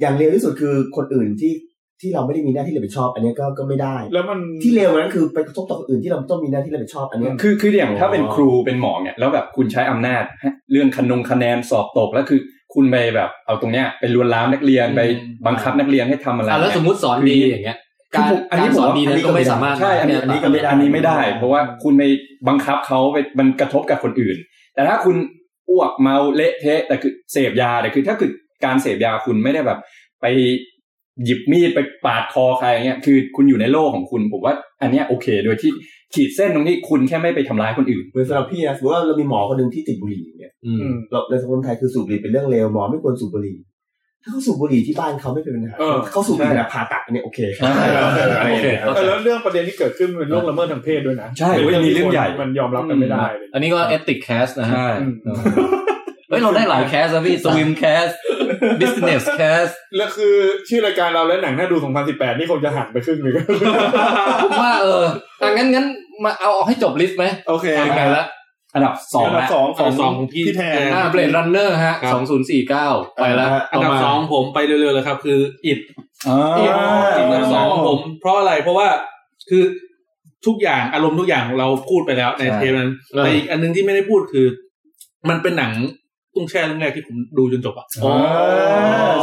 Speaker 4: อย่างเลวที่สุดคือคนอื่นที่ที่เราไม่ได้มีหน้าที่รับผิดชอบ อันเนี้ยก็ก็ไม่ได้
Speaker 2: แล้วมัน
Speaker 4: ที่เลวกว่านั้นคือไปกระทบต่อคนอื่นที่เราต้องมีหน้าที่รับผิดชอบอันเนี้ย
Speaker 7: คือคืออย่างถ้าเป็นครูเป็นหมอเนี่ยแล้วแบบคุณใช้อำนาจให้เรื่องคนงคะแนนสอบตกแล้วคือ คุณไปแบบเอาตรงเนี้ยไปลวนลามนักเรียนไปบังคับนักเรียนให้ทำอะไร
Speaker 1: อ่ะแล้วสมมติสอนดีอย่างเงี้ย
Speaker 7: คื
Speaker 1: การ
Speaker 7: ผมอัน
Speaker 1: การ
Speaker 7: นี้ผ
Speaker 1: ส
Speaker 7: ม
Speaker 1: อน
Speaker 7: ว่า
Speaker 1: ดีนั้นก็ไม่สามารถ
Speaker 7: ใช่อันนี้อันนี้ก็ไม่ได้อันนี้ไม่ได้
Speaker 4: ไม่ได้
Speaker 7: เพราะว่าคุณไปบังคับเขาไปมันกระทบกับคนอื่น แต่ถ้าคุณอ้วกเมาเละเทะแต่คือเสพยาแต่คือถ้าคือการเสพยาคุณไม่ได้แบบ ไปหยิบมีดไปปาดคอใครอย่างเงี้ยคือคุณอยู่ในโลกของคุณผมว่าอันเนี้ยโอเค โดยที่ขีดเส้นตรงที่คุณแค่ไม่ไปทำร้ายคนอื่น
Speaker 4: เหมือนสำหรับพี่นะสมมติว่าเรามีหมอคนหนึ่งที่ติดบุหรี่อย่างเนี่ย
Speaker 1: อืม
Speaker 4: เราในสังคมไทยคือสูบบุหรี่เป็นเรื่องเลวหมอไม่ควรสูบบุหรี่ ถ้าเขาสูบบุหรี่ที่บ้านเขาไม่เป็นปัญหา
Speaker 2: เออ
Speaker 4: เขาสูบบุหรี่แบบผ่าตัดเนี่ยโอเค [laughs]
Speaker 7: ใช่
Speaker 2: อะไรอย่างเงี้ย
Speaker 1: โอเค
Speaker 2: เออแล้วเรื่องประเด็นที่เกิดขึ้นเป็นเรื่องละเมิดทางเพศด้วยนะ
Speaker 7: ใช่เว้ยมีเรื่องใหญ่
Speaker 2: มันยอมรับกันไม่ได้เลย
Speaker 1: อันนี้ก็เอติกแคสนะฮะ
Speaker 7: ใช่
Speaker 2: อืม
Speaker 1: เฮ้ยเราได้หลายแคสนะพี่สวิมแคส business cast
Speaker 2: แล้วคือชื่อรายการเราและหนังน่าดู 2018 นี่คงจะหันไปครึ่งหนึ่ง
Speaker 1: ผมว่าเอออ่ะงั้นงั้นมาเอาออกให้จบลิสต์ไหม
Speaker 2: โอเค
Speaker 1: ถึงไหนละ
Speaker 7: อันดับสอง
Speaker 2: อันดับ
Speaker 7: ละ
Speaker 2: สอง
Speaker 10: อันดับสองของพี่
Speaker 2: พี่แทน
Speaker 1: อ่าเบรดรันเนอร์ฮะ
Speaker 10: ครับ
Speaker 1: สองศูนย์สี่เก้าไปแล้ว
Speaker 10: อันดับสองผมไปเร็วๆเลยครับ คืออิด
Speaker 7: อ่า
Speaker 10: อันดับสองของผมเพราะอะไรเพราะว่าคือทุกอย่างอารมณ์ทุกอย่างเราพูดไปแล้วในเทปนั้นแต่อีกอันนึงที่ไม่ได้พูดคือ มันเป็นหนังตุ้งแช่เรื่องแรกที่ผมดูจนจบอ่ะ
Speaker 7: อ๋อ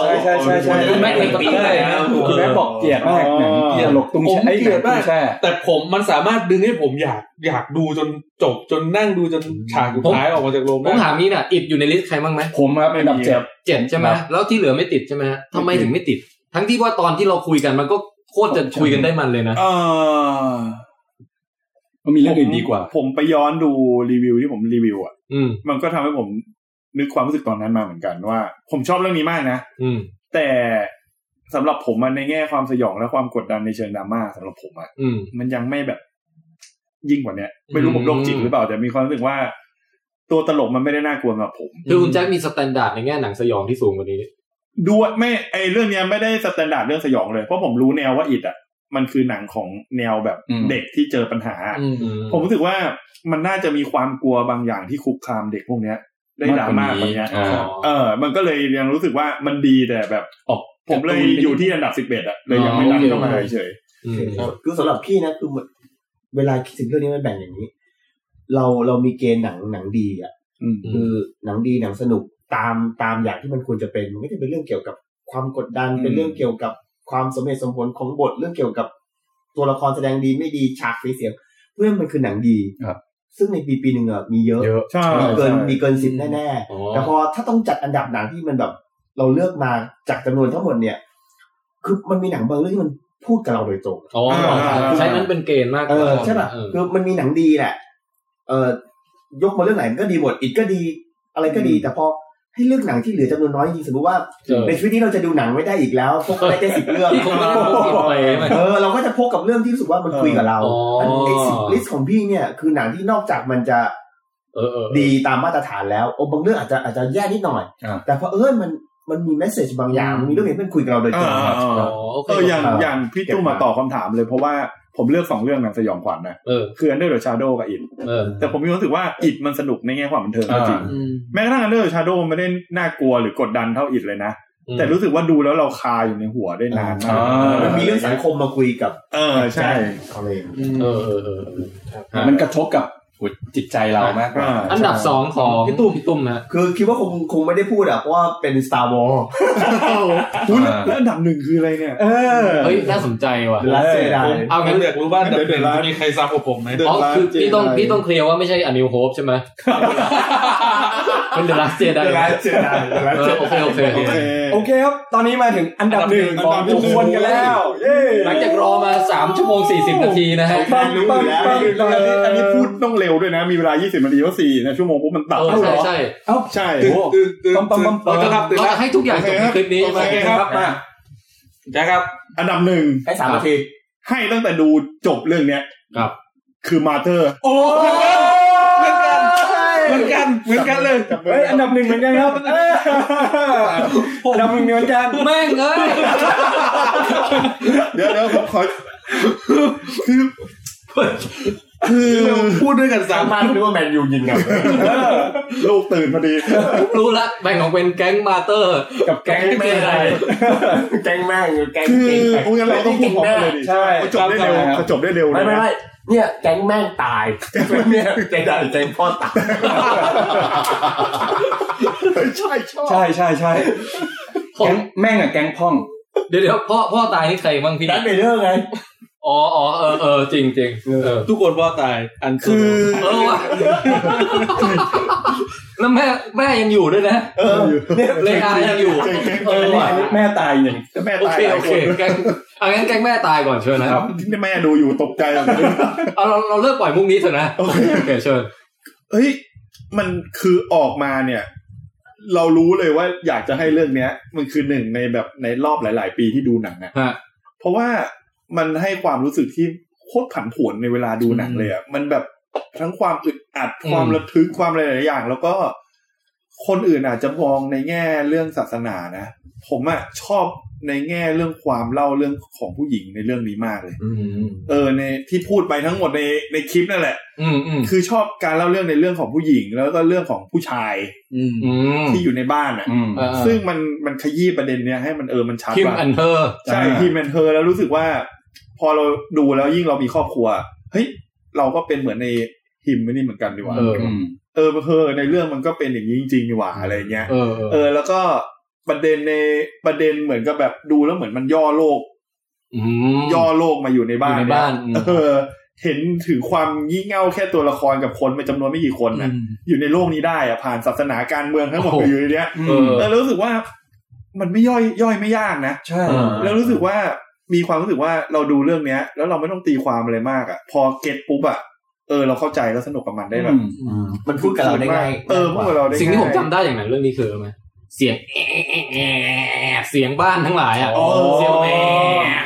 Speaker 7: ใช่ใช่ใช่ใช่
Speaker 2: คุณแม็กซ์เป็นปี
Speaker 7: เล
Speaker 2: เลย ย
Speaker 7: นะ
Speaker 2: นะ
Speaker 7: คุณแม่บอกเกลียดมากหนังเกลียดหลกตุงแช่
Speaker 10: ผมเกลียดมาก
Speaker 7: ไอ้หนังตุ้งแช่
Speaker 10: แต่ผมมันสามารถดึงให้ผมอยากอยากดูจนจบจนนั่งดูจนฉากสุดท้ายออกมาจากโรง
Speaker 1: ผม
Speaker 10: ได้
Speaker 1: ถามนี้น่ะอิดอยู่ในลิสต์ใครบ้างไหม
Speaker 7: ผมครับอันดับเจ็ด
Speaker 1: เจ็ดใช่ไหม
Speaker 7: ครับ
Speaker 1: แล้วที่เหลือไม่ติดใช่ไหมฮะทำไมถึงไม่ติด ทั้งที่ว่าตอนที่เราคุยกันมันก็โคตรจะคุยกันได้มันเลยนะ
Speaker 2: เออ
Speaker 7: มันมีเรื่องอื่นดีกว่า
Speaker 2: ผมไปย้อนดูรีวิวที่ผมรีวิวอ่ะ
Speaker 1: อืม
Speaker 2: มันก็ทำให้ผมนึกความรู้สึกตอนนั้นมาเหมือนกันว่า ผมชอบเรื่องนี้มากนะ
Speaker 1: อืม
Speaker 2: แต่สำหรับผมมันในแง่ความสยองและความกดดันในเชิงดราม่าสำหรับผมอะ
Speaker 1: อืม
Speaker 2: มันยังไม่แบบ ยิ่งกว่าเนี้ยไม่รู้ผมโรคจิตหรือเปล่า แต่มีความรู้สึกว่า ตัวตลกมันไม่ได้น่ากลัวสำหรับผม
Speaker 1: คือคุณแจ็คมีสแตนดาร์ดในแง่หนังสยองที่สูงกว่านี้
Speaker 2: ด้วยไม่ไอเรื่องเนี้ยไม่ได้สแตนดาร์ดเรื่องสยองเลย เพราะผมรู้แนวว่าอิดอ่ะ มันคือหนังของแนวแบบ
Speaker 7: อืม
Speaker 2: เด็กที่เจอปัญหา
Speaker 10: อืม
Speaker 2: ผมรู้สึกว่ามันน่าจะมีความกลัวบางอย่างที่คุกคามเด็กพวกเนี้ย ได้ดราม่ากกว่าเนี้ย
Speaker 7: อ่า
Speaker 2: เออ มันก็เลยยังรู้สึกว่ามันดีแต่แบบ
Speaker 7: ออก
Speaker 2: ผมเลยอยู่ที่อันดับสิบเอ็ดอ่ะเลยยังไม่ดันเข้ามาเฉย
Speaker 1: อืม
Speaker 4: คือสำหรับพี่นะคือเวลาคิดถึงเรื่องนี้มันแบ่งอย่างนี้ เราเรามีเกณฑ์หนังหนังดีอ่ะ
Speaker 2: ๆอืม
Speaker 1: อืม
Speaker 4: คือหนังดีหนังสนุกตามตามอย่างที่มันควรจะเป็นมันไม่ได้เป็นเรื่องเกี่ยวกับความกดดัน
Speaker 2: อืม
Speaker 4: เป็นเรื่องเกี่ยวกับความสมเหตุสมผลของบทเรื่องเกี่ยวกับตัวละครแสดงดีไม่ดีฉากสีเสียง เพื่อนมันคือหนังดี
Speaker 7: ครับ
Speaker 4: ซึ่งในปีปีหนึ่งอะมีเยอะ
Speaker 7: เยอะ
Speaker 2: ใช่
Speaker 4: มีเกิน
Speaker 2: ใช่
Speaker 4: มีเกินสิบแน่
Speaker 1: อ๋อ
Speaker 4: ๆแต่พอถ้าต้องจัดอันดับหนังที่มันแบบ เราเลือกมาจากจำนวนทั้งหมดเนี่ย คือมันมีหนังบางเรื่องที่มันพูดกับเราโดยตรง
Speaker 1: อ๋อใช้นั้นเป็นเกณฑ์มากก
Speaker 4: เอ
Speaker 1: ว่า
Speaker 4: อใช่ป่ะ
Speaker 1: เออ
Speaker 4: คือมันมีหนังดีแหละ เออยกมาเรื่องไหนมันก็ดีหมด อีกก็ดี อะไรก็ดี แต่พอให้เลือกหนังที่เหลือจำนวนน้อยจริงๆสมมติว่า
Speaker 1: เจอ
Speaker 4: ในชีวิตนี้เราจะดูหนังไม่ได้อีกแล้วพกไปได้แค่สิบเรื่อง
Speaker 1: [laughs] คงไม่ได้ต้องติดไปไหม
Speaker 4: เออเราก็จะพกกับเรื่องที่รู้สึกว่ามันคุยกับเรา
Speaker 1: อ๋ออั
Speaker 4: นในลิสต์ของพี่เนี่ย คือหนังที่นอกจากมันจะ
Speaker 1: เออเออ
Speaker 4: ดีตามมาตรฐานแล้วโอ้บางเรื่องอาจจะอาจจะแย่นิดหน่อย
Speaker 7: อ่า
Speaker 4: แต่เพอเอิญมันมันมีแมสเซจบางอย่างมันมีเรื่องเห็นมันคุยกับเราโดยตรง
Speaker 2: อ่าอ่าอ่า
Speaker 1: อ๋อโอเค
Speaker 2: เอออย่าง
Speaker 1: ครับ
Speaker 2: อย่างพี่ตู้มาตอบคำถามเลยเพราะว่าผมเลือกสองเรื่องหนังสยองขวัญนะ
Speaker 1: เออ
Speaker 2: คือ Under the Shadow กับอิน
Speaker 1: เออ
Speaker 2: แต่ผมมีความรู้สึกว่าอิดมันสนุกในแง่ความบันเทิงก็จริง
Speaker 7: อ่า
Speaker 2: แม้กระทั่ง Under the Shadow มันไม่ได้น่ากลัวหรือกดดันเท่าอิดเลยนะ
Speaker 1: อืม
Speaker 2: แต่รู้สึกว่าดูแล้วเราคาอยู่ในหัวได้นานมาก
Speaker 7: อ่า
Speaker 4: มันมีเรื่องสังคมมาคุยกับ
Speaker 2: เออใช่
Speaker 4: เขาเอง
Speaker 1: เออเออเออเออ
Speaker 7: มันกระทบกับหัวจิตใจเรามากกว่า
Speaker 2: อ่า
Speaker 1: อันดับสองของพี่ตุ้มพี่ตุ้มนะ
Speaker 4: คือคิดว่าคงคงไม่ได้พูดอะเพราะว่าเป็น Star Wars
Speaker 2: อุ๊ยแล้วอันดับหนึ่งคืออะไรเนี่ย
Speaker 7: เออ
Speaker 1: เฮ้ยน่าสนใจว่ะ
Speaker 4: The Last Jedi
Speaker 1: เอา
Speaker 10: งั้
Speaker 1: งั้
Speaker 10: น
Speaker 1: น
Speaker 10: อยากรู้ว่า
Speaker 2: เดี๋ยวเดี๋ยว
Speaker 10: มีใครซับกับผมไหม
Speaker 2: เดิน
Speaker 1: อ๋อ
Speaker 2: ร้าน
Speaker 1: คือ
Speaker 2: เจได
Speaker 1: พี่ต้องพี่ต้องเคลียร์ว่าไม่ใช่อนิวโฮปใช่ไหมเป็นเดลัสเจได
Speaker 4: The Last Jedi The
Speaker 1: เอ
Speaker 4: Last
Speaker 1: อ
Speaker 4: Jedi
Speaker 1: โอเคโอเค
Speaker 2: โอเค
Speaker 7: โอเคครับ ตอนนี้มาถึงอันดับหนึ่งของทุกคนกันแล้ว เย้
Speaker 1: หลังจากรอมาสามชั่วโมงสี่สิบนาทีนะฮะ
Speaker 2: ปังปังปังปังอันนี้อันนี้พูดต้องเร็วด้วยนะ มีเวลา 20 นาทีก็สี่นะชั่วโมงปุ๊บมันตัด
Speaker 1: เออ
Speaker 2: เอ้าเหร
Speaker 1: ใช่
Speaker 2: อ
Speaker 1: ใช่
Speaker 2: ใช่
Speaker 7: โอ้โห
Speaker 10: ตื่นตื่น
Speaker 7: ปั๊มปั๊มปั๊
Speaker 10: เรา
Speaker 7: ม
Speaker 10: จะครับตื่น
Speaker 1: เรา
Speaker 10: แล้ว
Speaker 1: จะให้ทุกอย่างจบในคลิปนี้
Speaker 2: โอ
Speaker 1: มา
Speaker 2: เค
Speaker 7: ครับมา
Speaker 10: แจ็คครับ
Speaker 2: อันดับหนึ่ง
Speaker 4: ให้สามนาที
Speaker 2: ให้ตั้งแต่ดูจบเรื่องเนี้ย
Speaker 1: ครับ
Speaker 2: คือมาเธอร์
Speaker 7: โอ้
Speaker 10: เหมือนกัน
Speaker 7: ใช่
Speaker 10: เหมือนกันเหมือนกันเลย
Speaker 7: เฮ้ยอันดับหนึ่งเหมือนกันครับเอ้ยอันดับหนึ่งเหมือนกัน
Speaker 1: แม่งเอ้ย
Speaker 2: เดี๋ยวเดี๋ยวผมขอคือคือ
Speaker 10: พูดด้วยกันสาม
Speaker 4: มาดูว่าแมนยูยิงกัน
Speaker 2: ลูกตื่นพอดี
Speaker 1: รู้ละแบ่งออกเป็นแก๊งมาเตอร์
Speaker 7: กับแก๊ง
Speaker 1: แม่อะไร
Speaker 4: แกล้งแม่งแกล้ง
Speaker 2: คือ
Speaker 4: เก่ง
Speaker 2: โอ้ยงั้นเราต้องพูดพร้อมกันเลยดิ
Speaker 7: ใช่
Speaker 2: เขาจบได้เร็วเขาจบได้เร็วเล
Speaker 4: ไม่
Speaker 2: ย
Speaker 4: ไม่
Speaker 2: นะ
Speaker 4: ไม่เนี่ยแกล้งแม่งตายเนี่ยแกล้งตายแกล้งพ่อตาย
Speaker 2: ใช่ชอบ
Speaker 7: ใช่ใช่ใช่แก๊งแม่งอะแก๊งพ่อง
Speaker 1: เดี๋ยวเดี๋ยวพ่อพ่อตายนี่ใครบ้างพี่
Speaker 4: ดันไปเรื่องไง
Speaker 1: อ๋ออ๋อเออเออจริงจริงเออ
Speaker 10: ทุกคนพ่อตาย อัน
Speaker 2: คือ
Speaker 1: เออว่ะแล้วแม่แม่ยังอยู่ด้วยนะ
Speaker 4: เออเนี่ย
Speaker 1: เลอายังอยู่เออว่ะ
Speaker 7: แม่ตายหนึ่ง
Speaker 2: แม่
Speaker 1: โอ
Speaker 2: ตาย
Speaker 1: เค
Speaker 2: หลา
Speaker 1: โอย เค
Speaker 2: คน
Speaker 1: แก๊งเอางั้นแก๊งแม่ตายก่อนเชิญนะครับ
Speaker 2: ที่แม่ดูอยู่ตกใจแบบนี้
Speaker 1: เอาเราเราเลิกปล่อยมุกนี้เถอะนะโอเคเชิญ
Speaker 2: เฮ้ยมันคือออกมาเนี่ย เรารู้เลยว่าอยากจะให้เรื่องเนี้ย มันคือหนึ่งในแบบในรอบหลาย ๆ ปีที่ดูหนังอะ
Speaker 1: ฮะ
Speaker 2: เพราะว่ามันให้ความรู้สึกที่โคตรผันผวนในเวลาดูหนังเลยอะมันแบบทั้งความอึดอัดความระทึกความอะไรหลายๆอย่าง แล้วก็ คนอื่นอาจจะมองในแง่เรื่องศาสนานะ ผมอะชอบในแง่เรื่องความเล่าเรื่องของผู้หญิงในเรื่องนี้มากเลย
Speaker 12: อืม
Speaker 2: เออในที่พูดไปทั้งหมดในในคลิปนั่นแหละ
Speaker 12: อืมอืม
Speaker 2: คือชอบการเล่าเรื่องในเรื่องของผู้หญิง แล้วก็เรื่องของผู้ชาย
Speaker 12: อืมอืม
Speaker 2: ที่อยู่ในบ้านอะ
Speaker 7: อืม
Speaker 12: อ่า
Speaker 2: ซึ่งมันมันขยี้ประเด็นเนี้ยให้มันเออมันชัด
Speaker 12: คิม
Speaker 2: ว่า
Speaker 12: อันเธอร์
Speaker 2: ใช่
Speaker 7: อ่า
Speaker 2: ทีมแมนเธอแล้วรู้สึกว่า พอเราดูแล้วยิ่งเรามีครอบครัว เฮ้ย เราก็เป็นเหมือนในฮิมนี่เหมือนกันดีกว่า
Speaker 12: เออ
Speaker 7: อืม
Speaker 2: เออเธอในเรื่องมันก็เป็นอย่างนี้จริงๆดีกว่าอะไรเงี้ย
Speaker 12: เออ
Speaker 2: เออ แล้วก็ประเด็นในประเด็นเหมือนกับแบบดูแล้วเหมือนมันย่อโลก
Speaker 12: อืม
Speaker 2: ย่อโลกมาอยู่
Speaker 12: อ
Speaker 2: ใน
Speaker 12: ยู่
Speaker 2: บ้าน
Speaker 12: ในบ้าน
Speaker 2: เนี่ยเออ เห็นถึงความยิ่งเง่าแค่ตัวละครกับคนเป็นจำนวนไม่กี่คนนะอยู่ในโลกนี้ได้อะผ่านศาสนาการเมืองทั้งหมดอยู่ในเนี้ย
Speaker 12: เออ
Speaker 2: เออแล้วรู้สึกว่ามันไม่ย่อยย่อยไม่ยากนะ
Speaker 7: ใช่
Speaker 2: แล้วรู้สึกว่ามีความรู้สึกว่าเราดูเรื่องเนี้ย แล้วเราไม่ต้องตีความอะไรมากอะ่ะ พอเก็ตปุ๊บอะ่ะเออเราเข้าใจแล้วสนุกกับมันได้แบบ
Speaker 4: มันพูดกับเราได้ง่าย
Speaker 2: เออพูดกับเราได้
Speaker 1: สิ่งที่ผมจำ
Speaker 2: ง่าย
Speaker 1: ได้อย่างหนั้นเรื่องนี้คืออะไรไหมเสียง [laughs] แอะแอะแอะแอะเสียงบ้านทั้งหลายอ่ะ
Speaker 2: อ๋อ
Speaker 1: เสียงแอ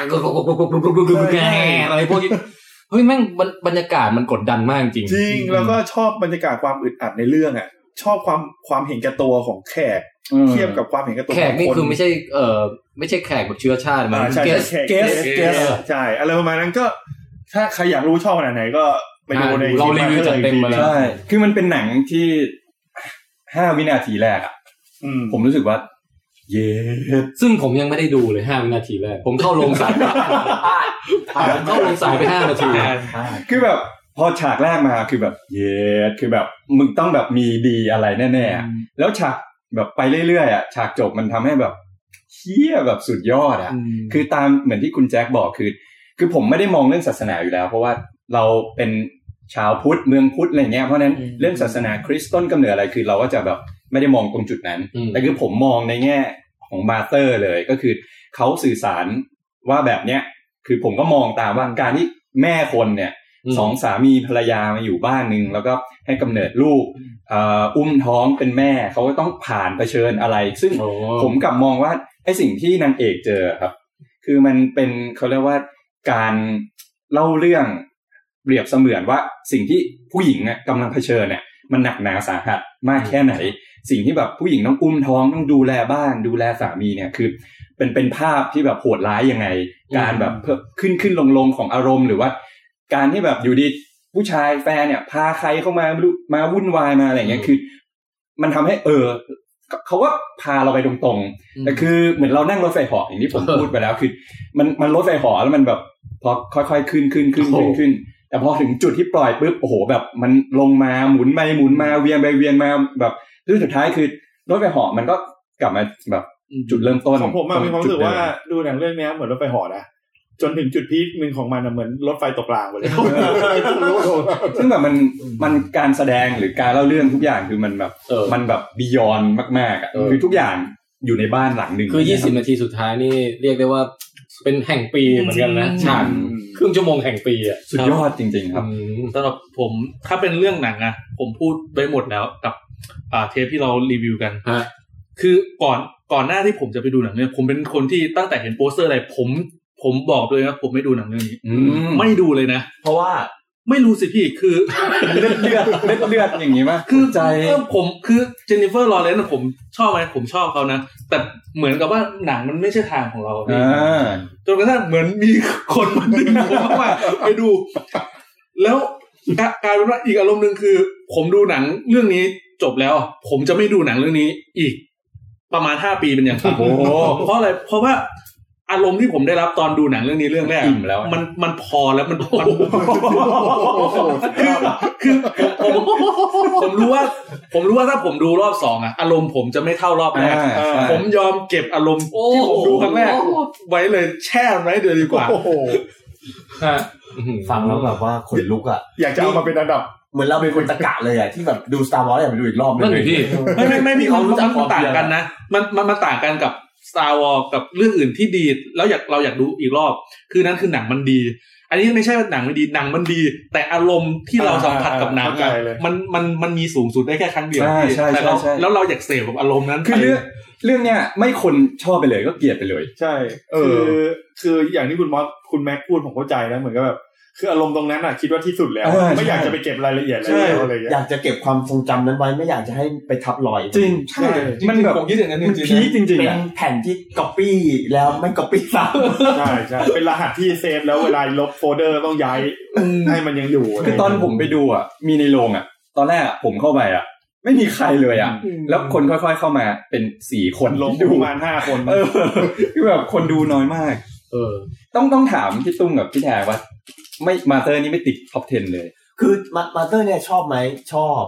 Speaker 1: ะกุ๊กกุ๊กกุ๊กกุ๊กกุ๊กกุ๊กกุ๊กกุ๊กแอะอะไรพวกนี้เฮ้ยแม่งบรรบรรยากาศมันกดดันมากจริง
Speaker 2: จริงแล้วก็ชอบบรรยากาศความอึดอัดในเรื่องอะ่ะ ชอบความความเห็นแก่ตัวของแขกเทียบกับความเห็นแก่ตัว
Speaker 1: แข
Speaker 2: ข
Speaker 1: ก
Speaker 2: อง
Speaker 1: นี่
Speaker 2: คน
Speaker 1: คือไม่ใช่เออไม่ใช่แขกแบบเชื้อชาติมัน
Speaker 2: อ่า
Speaker 1: คือ
Speaker 2: ใช่
Speaker 1: เกส guest
Speaker 2: ใช่แขก guest
Speaker 1: guest
Speaker 2: ใช่อะไรประมาณนั้นก็ ถ้าใครอยากรู้ชอบขนาดไหนก็ไปดูใน
Speaker 1: อ่าเรารีวิวจัดเต็มมาแล้ว
Speaker 7: ใช่ คือมันเป็นหนังที่ห้าวินาทีแรกอะ
Speaker 2: อืม
Speaker 7: ผมรู้สึกว่า เย้
Speaker 1: ซึ่งผมยังไม่ได้ดูเลยห้าวินาทีแรกผมเข้าโรงสายผมเข้าโรงสายไปห้านาที
Speaker 7: คือแบบพอฉากแรกมาคือแบบเย้คือแบบมึงต้องแบบมีดีอะไรแน่ๆอะแล้วฉากแบบไปเรื่อยๆอะฉากจบมันทำให้แบบเฮี้ยแบบสุดยอดอะ คือตามเหมือนที่คุณแจ็คบอกคือ คือผมไม่ได้มองเรื่องศาสนาอยู่แล้ว เพราะว่าเราเป็นชาวพุทธเมืองพุทธอะไรเงี้ยเพราะฉะนั้นเรื่องศาสนาคริสต์ต้นกำเนิดอะไรคือ เราก็จะแบบไม่ได้มองตรงจุดนั้น แต่คือผมมองในแง่ของมาเตอร์เลยก็คือเขาสื่อสารว่าแบบเนี้ยคือผมก็มองตามว่าการที่แม่คนเนี่ยสองสามีภรรยามาอยู่บ้านหนึ่งแล้วก็ให้กำเนิดลูกเอ่ออุ้มท้องเป็นแม่เขาก็ต้องผ่านเผชิญอะไร ซึ่ง
Speaker 1: โอ้
Speaker 7: ผมกลับมองว่าไอ้สิ่งที่นางเอกเจอครับ คือมันเป็นเขาเรียกว่าการเล่าเรื่องเปรียบเสมือนว่าสิ่งที่ผู้หญิงอะกำลังเผชิญเนี่ยมันหนักหนาสาหัสมากแค่ไหน สิ่งที่แบบผู้หญิงต้องอุ้มท้องต้องดูแลบ้าน ดูแลสามีเนี่ยคือ เป็นเป็นภาพที่แบบโหดร้ายยังไง การแบบเพิ่มขึ้นขึ้นลงลงของอารมณ์หรือว่า การที่แบบอยู่ดีผู้ชายแฟนเนี่ย พาใครเข้ามาไม่รู้มาวุ่นวายมาอะไรอย่างเงี้ยคือ มันทำให้เออ เขาก็พาเราไปตรงๆ แต่คือเหมือนเรานั่งรถไฟเหาะอย่างที่ผม พูดไปแล้วคือ มันมันรถไฟเหาะแล้วมันแบบพอค่อยๆขึ้นขึ้นขึ้นขึ้นขึ้น แต่พอถึงจุดที่ปล่อยปุ๊บโอ้โห แบบมันลงมาหมุนไปหมุนมาเวียนไปเวียนมาแบบซึ่งสุดท้ายคือรถไฟเหาะมันก็กลับมาแบบจุดเริ่มต้น
Speaker 2: ของผมอะมีความรู้สึกว่า
Speaker 7: จุด
Speaker 2: ดู
Speaker 7: เดิม
Speaker 2: หนังเรื่องเนี้ยเหมือนรถไฟเหอนะจนถึงจุดพีคหนึ่งของมันอะเหมือนรถไฟตกรางไปเลย
Speaker 7: ซึ่งแบบมันมันการแสดงหรือการเล่าเรื่องทุกอย่างคือมันแบบมันแบบบียอนมากๆอ่ะคือทุกอย่างอยู่ในบ้านหลังหนึ่ง
Speaker 1: คือยี่สิบนาทีสุดท้ายนี่เรียกได้ว่าเป็นแห่งปีเหมือนกันนะฉากครึ่งชั่วโมงแห่งปีอ่ะ
Speaker 7: สุดยอดจริง ๆ ครับ
Speaker 1: อืม
Speaker 3: สำหรับผมถ้าเป็นเรื่องหนังอะผมพูดไปหมดแล้วกับอ่าเทปที่เรารีวิวกัน
Speaker 1: ฮะ
Speaker 3: คือก่อนก่อนหน้าที่ผมจะไปดูหนังเนี่ยผมเป็นคนที่ตั้งแต่เห็นโปสเตอร์อะไรผม ผมบอกเลยนะผมไม่ดูหนังเรื่องนี้
Speaker 7: อืม
Speaker 3: ไม่ดูเลยนะ
Speaker 4: เพราะว่า
Speaker 3: ไม่รู้สิพี่คือ
Speaker 7: เลือดเลือดเลือดเลือดอย่างนี้ป่ะ
Speaker 3: คือ
Speaker 7: ใจ
Speaker 3: เออผมคือเจนนิเฟอร์ลอเรนซ์ผมชอบไหมผมชอบเขานะ แต่เหมือนกับว่าหนังมันไม่ใช่ทางของเราพี่
Speaker 7: อ่า
Speaker 3: จนกระทั่งเหมือนมีคนมาดึงผมมากๆไปดู แล้วกะกลายเป็นว่าอีกอารมณ์หนึ่งคือ ผมดูหนังเรื่องนี้จบแล้ว ผมจะไม่ดูหนังเรื่องนี้อีกประมาณห้าปีเป็นอย่างต่ำ
Speaker 7: โอ้โห
Speaker 3: เพราะอะไรเพราะว่าอารมณ์ที่ผมได้รับตอนดูหนังเรื่องนี้เรื่องแรก
Speaker 7: อิ่มแล้วอะ
Speaker 3: มันมันพอแล้วมันมัน คือผมผมผมรู้ว่า ผมรู้ว่าถ้าผมดูรอบสองอะอารมณ์ผมจะไม่เท่ารอบแร
Speaker 7: อ่าก ใช่
Speaker 3: ผมยอมเก็บอารมณ์
Speaker 1: โอ้
Speaker 3: ที่ผมดูครั้งแรก ไว้เลยแช่ไว้เดี๋ยวดีกว่า
Speaker 1: ฮะ
Speaker 4: ฟังแล้วแบบว่าขนลุกอ่ะ
Speaker 2: อยากจะเอามาเป็นอันดับ
Speaker 4: เหมือนเราเป็นคนตะกะเลยอ่ะ ที่แบบดู Star Wars อยากไปดูอีกรอบหนึง
Speaker 1: นั่นอยู่ที่
Speaker 3: ไม่ไม่ไม่มีความรู้
Speaker 4: จั
Speaker 3: มันมันต่างกันนะ มันมันมันต่างกันกับ Star War กับเรื่องอื่นที่ดี แล้วอยากเราอยากดูอีกรอบ คือนั้นคือหนังมันดี อันนี้ไม่ใช่ว่าหนังไม่ดีหนังมันดี แต่อารมณ์ที่เราสัมผัสกับหนังอะ
Speaker 2: เข้าใจเลย
Speaker 3: มันมันมันมีสูงสุดได้แค่ครั้งเดียว
Speaker 7: ใช่ใช่
Speaker 3: แต่เรา
Speaker 7: ใช่ใช่
Speaker 3: แล้วเราอยากเสพกับอารมณ์นั้น
Speaker 7: คือเรื่อง เรื่องเนี้ยไม่คนชอบไปเลยก็เกลียดไปเลย
Speaker 2: ใช่
Speaker 7: เอ
Speaker 2: คือ อ คืออย่างที่คุณมอสคุณแม็กพูดผมเข้าใจนะเหมือนกับแบบ คืออารมณ์ตรงนั้นอ่ะคิดว่าที่สุดแล้ว
Speaker 7: เออใช่
Speaker 2: ไม่อยากจะไปเก็บรายละเอียดอะไร
Speaker 7: ใช่
Speaker 2: แล้วอะไรอย่างเงี้
Speaker 4: อย ยากจะเก็บความทรงจำนั้นไว้ไม่อยากจะให้ไปทับรอย
Speaker 7: จริง
Speaker 2: ใช่
Speaker 7: มันแบบ
Speaker 10: ผมคิดอย่างนั้นจ
Speaker 7: มัน
Speaker 10: ริงๆ
Speaker 7: พีค
Speaker 10: นะ
Speaker 7: จริง
Speaker 4: เป็
Speaker 7: ๆ
Speaker 4: น
Speaker 7: อ่ะ
Speaker 4: แผ่นที่ก๊อปปี้แล้วไม่ก๊อปปี้ซ้
Speaker 2: [laughs] ใช่ใช่เป็นรหัสที่เซฟแล้วเวลาลบโฟลเดอร์ต้องย้ายให้มันยังอยู่ะไร
Speaker 7: คือตอนผมไปดูอ่ะ มีในโรงอ่ะ ตอนแรกอะผมเข้าไปอ่ะ ไม่มีใครเลยอ่ะ แล้วคนค่อยๆเข้ามาเป็นสี่คน
Speaker 2: ลง
Speaker 7: ที่ดู
Speaker 2: ประมาณห้าคน
Speaker 7: เออคือแบบคนดูน้อยมาก
Speaker 1: เออ
Speaker 7: ต้องต้องถามพี่ตุ้มกับพี่แทว่า ไม่มาเตอร์นี่ไม่ติดท็อป 10 เลย
Speaker 4: ำคือมามาเตอร์เนี่ยชอบไหมชอบ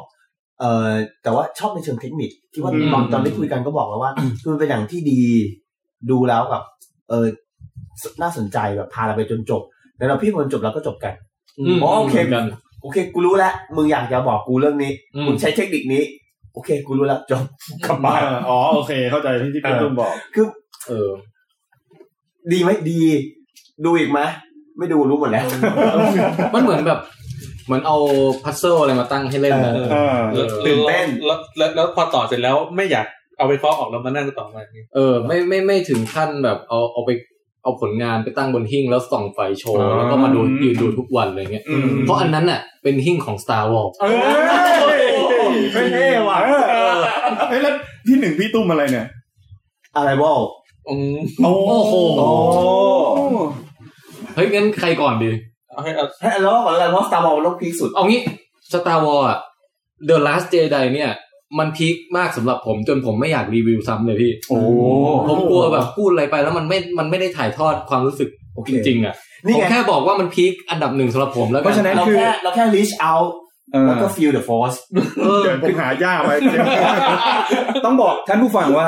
Speaker 4: เอ่อแต่ว่าชอบในเชิงเทคนิคที่ว่า
Speaker 1: อืม
Speaker 4: ตอนตอนที่คุยกันก็บอกแล้วว่าคือมันเป็นอย่างที่ดีดูแล้วแบบเออน่าสนใจแบบพาเราไปจนจบ แล้วเราพี่คนจบแล้วก็จบกัน
Speaker 1: อืม
Speaker 4: อ๋อโอเค
Speaker 1: หมืนกัน
Speaker 4: โอเค กูรู้แล้ว มึงอยากจะบอกกูเรื่องนี้
Speaker 1: อืม
Speaker 4: มึงใช้เทคนิคนี้ โอเค กูรู้แล้วจบ กลับบ้าน
Speaker 2: เอออ๋อโอเค เข้าใจที่ที่พี่ตุ้มบอก
Speaker 4: คือ
Speaker 1: เออ
Speaker 4: ดีไหมดี ดูอีกไหมไม่ดูรู้หมดแล้ว [laughs]
Speaker 1: มันเหมือนแบบ เหมือนเอาพัซเซิลอะไรมาตั้งให้เล่นนะ
Speaker 4: เออ
Speaker 2: เออ
Speaker 1: เออ
Speaker 4: ตื่นเต้น
Speaker 10: แล้วแล้วแล้วพอต่อเสร็จแล้วไม่อยากเอาไปฟอกออกแล้วมานั่งต่อมาอย่างนี้
Speaker 1: เออ ไม่ไม่ไม่ถึงขั้นแบบเอาเอาไปเอาผลงานไปตั้งบนหิ้งแล้วส่องไฟโชว์
Speaker 7: อ๋อ
Speaker 1: แล้วก็มาดูยืนดูทุกวันอะไรเงี้ย
Speaker 2: อืม
Speaker 1: เพราะอันนั้นน่ะเป็นหิ้งของ Star Wars
Speaker 2: เออ
Speaker 4: ไม่เท่ว่ะ
Speaker 2: เอ้ยแล้วที่หนึ่งพี่ตุ้มอะไรเนี่ย
Speaker 4: อะไรวะ
Speaker 10: อืม
Speaker 2: โอ้
Speaker 1: โอ้โห เฮ้ยงั้นใครก่อนดี
Speaker 10: เอาให้เอา
Speaker 4: ให้แล้วก่อนอะไรเพราะสตาร์วอลโลกพีคสุด
Speaker 1: เอางี้ Star Wars อะ The Last Jedi เนี่ย มันพีคมากสำหรับผมจนผมไม่อยากรีวิวซ้ำเลยพี่
Speaker 7: โอ้
Speaker 1: ผมกลัวแบบพูดอะไรไปแล้วมันไม่มันไม่ได้ถ่ายทอดความรู้สึก
Speaker 4: โอเค
Speaker 1: จริงๆอะ
Speaker 4: นี่
Speaker 1: ผม
Speaker 4: ไง
Speaker 1: แค่บอกว่ามันพีคอันดับหนึ่งสำหรับผมแล้ว
Speaker 7: เพ
Speaker 1: กัน
Speaker 7: ราะฉะนั้น
Speaker 4: เรา
Speaker 7: คือ
Speaker 4: แค่เราแค่ reach out
Speaker 7: เออ
Speaker 4: แล้วก็ feel the force
Speaker 1: เออ
Speaker 2: เดี๋ยวผมหาย่าไป
Speaker 7: ต้องบอกท่านผู้ฟังว่า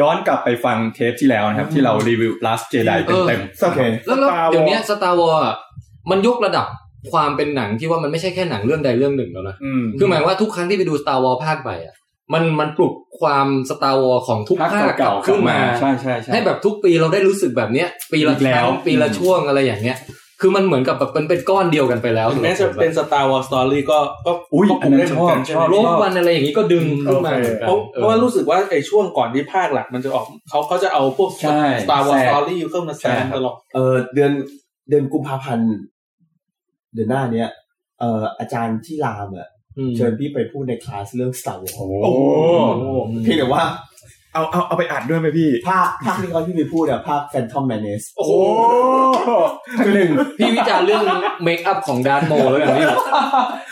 Speaker 7: ย้อนกลับไปฟังเทปที่แล้วนะครับ ที่เรารีวิว last Jedi
Speaker 1: เออ
Speaker 7: เต็ม
Speaker 4: โอเค
Speaker 1: แล้วแล้ว
Speaker 2: Star Wars
Speaker 1: เดี๋ยวเนี้สตาร์วอลมันยกระดับความเป็นหนังที่ว่ามันไม่ใช่แค่หนังเรื่องใดเรื่องหนึ่งแล้วนะ
Speaker 2: อืม
Speaker 1: คือหมายว่าทุกครั้งที่ไปดู Star Wars ภาคใหม่อ่ะ มันมันปลุกความ Star Wars ของทุก
Speaker 7: ๆภาค
Speaker 1: ภาคกลั
Speaker 7: เก่า
Speaker 1: บ
Speaker 7: ๆ
Speaker 1: ขึ้นมา
Speaker 7: ใช่ใช่ใช่
Speaker 1: ให้แบบทุกปีเราได้รู้สึกแบบเนี้ย ปีละ
Speaker 7: อีกแล้ว
Speaker 1: ครั้งปีละช่วงอะไรอย่างเงี้ย คือมันเหมือนกับแบบมันเป็นก้อนเดียวกันไปแล้ว
Speaker 10: แม้จะเป็นสตาร์วอลสตอรี่ก็ก็
Speaker 7: อุ๊ย
Speaker 10: ก็
Speaker 7: อันนั้น
Speaker 10: ได้เหมือนกัน
Speaker 7: ชอบ
Speaker 10: ใช่ไหม
Speaker 7: ชอบ
Speaker 1: โลกวันอะไรอย่างงี้ก็ดึงขึ้นมา
Speaker 2: โอเค
Speaker 1: เหมือนกัน
Speaker 10: เพราะเพราะว่ารู้สึกว่าไอ้ช่วงก่อนที่ภาคหลักมันจะออกเขาเขาจะเอาพวก
Speaker 7: ใช่
Speaker 10: สตาร์วอล
Speaker 7: แทร
Speaker 10: สต
Speaker 7: ก
Speaker 10: อรี่เข้ามาแซมตลอด
Speaker 4: เออเดือนเดือนกุมภาพันธ์เดือนหน้าเนี้ยเอออาจารย์ที่รามอ่ะ
Speaker 1: อืม
Speaker 4: เชิญพี่ไปพูดในคลาสเรื่อง Star Wars
Speaker 7: โอ้
Speaker 2: โอ้โห
Speaker 4: เพียงแต่ว่า
Speaker 2: เอาเอาเอาไปอัดด้วยไหมพี่
Speaker 4: ภาคภาคที่เขาที่ไปพูดอะภาค Phantom Menace
Speaker 7: โอ้โหคือหนึ่ง
Speaker 1: พี่วิจารณ์เรื่องเมคอัพของดานโมแล้วกันนี่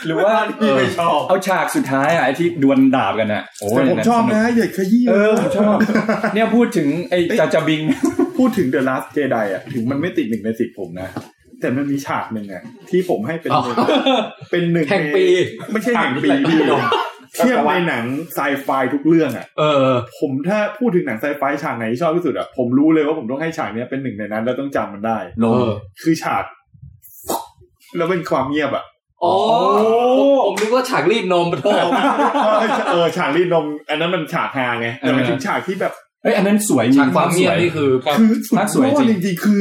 Speaker 7: หรือว่า
Speaker 2: พี่ไม่ชอบ
Speaker 7: เอาฉากสุดท้ายอ่ะไอ้ที่ดวลดาบกันอ่ะโอ้
Speaker 2: แต่
Speaker 7: ย
Speaker 2: ผมชอบนะอย่าขยี้
Speaker 7: เออผมชอบ
Speaker 2: [laughs]
Speaker 7: เนี่ยพูดถึงไอ้จาจาบิง
Speaker 2: พูดถึง The Last Jedi อ่ะถึงมันไม่ติดหนึ่งในสิบผมนะ แต่มันมีฉากหนึ่งอ่ะที่ผมให้เป็น
Speaker 1: อ้าว
Speaker 2: เป็นหนึ่งใน
Speaker 1: แห่งปี
Speaker 2: ไม่ใช่แห่งปีพี่เทียบในหนังไซไฟทุกเรื่องอ่ะ
Speaker 1: เออ
Speaker 2: ผมถ้าพูดถึงหนังไซไฟฉากไหนที่ชอบที่สุดอ่ะผมรู้เลยว่าผมต้องให้ฉากเนี้ยเป็นหนึ่งในนั้น แล้วต้องจำมันได้
Speaker 1: เออ
Speaker 2: คือฉาก แล้วเป็นความเงียบอ่ะ
Speaker 1: อ๋อผมนึกว่าฉากรีดนมปะโทษ
Speaker 2: เออฉากรีดนม อันนั้นมันฉากฮาไงแต่มัน
Speaker 7: เออ
Speaker 2: ถึงฉากที่แบบ
Speaker 7: เอ้ยอันนั้นสวยมี
Speaker 1: ฉากความเงียบ
Speaker 7: ส
Speaker 1: นี่คือ
Speaker 2: คือสุด
Speaker 7: ภาคส
Speaker 2: ย
Speaker 7: วย
Speaker 2: อด
Speaker 7: จริ
Speaker 2: จ
Speaker 7: ง
Speaker 2: ริงๆคือ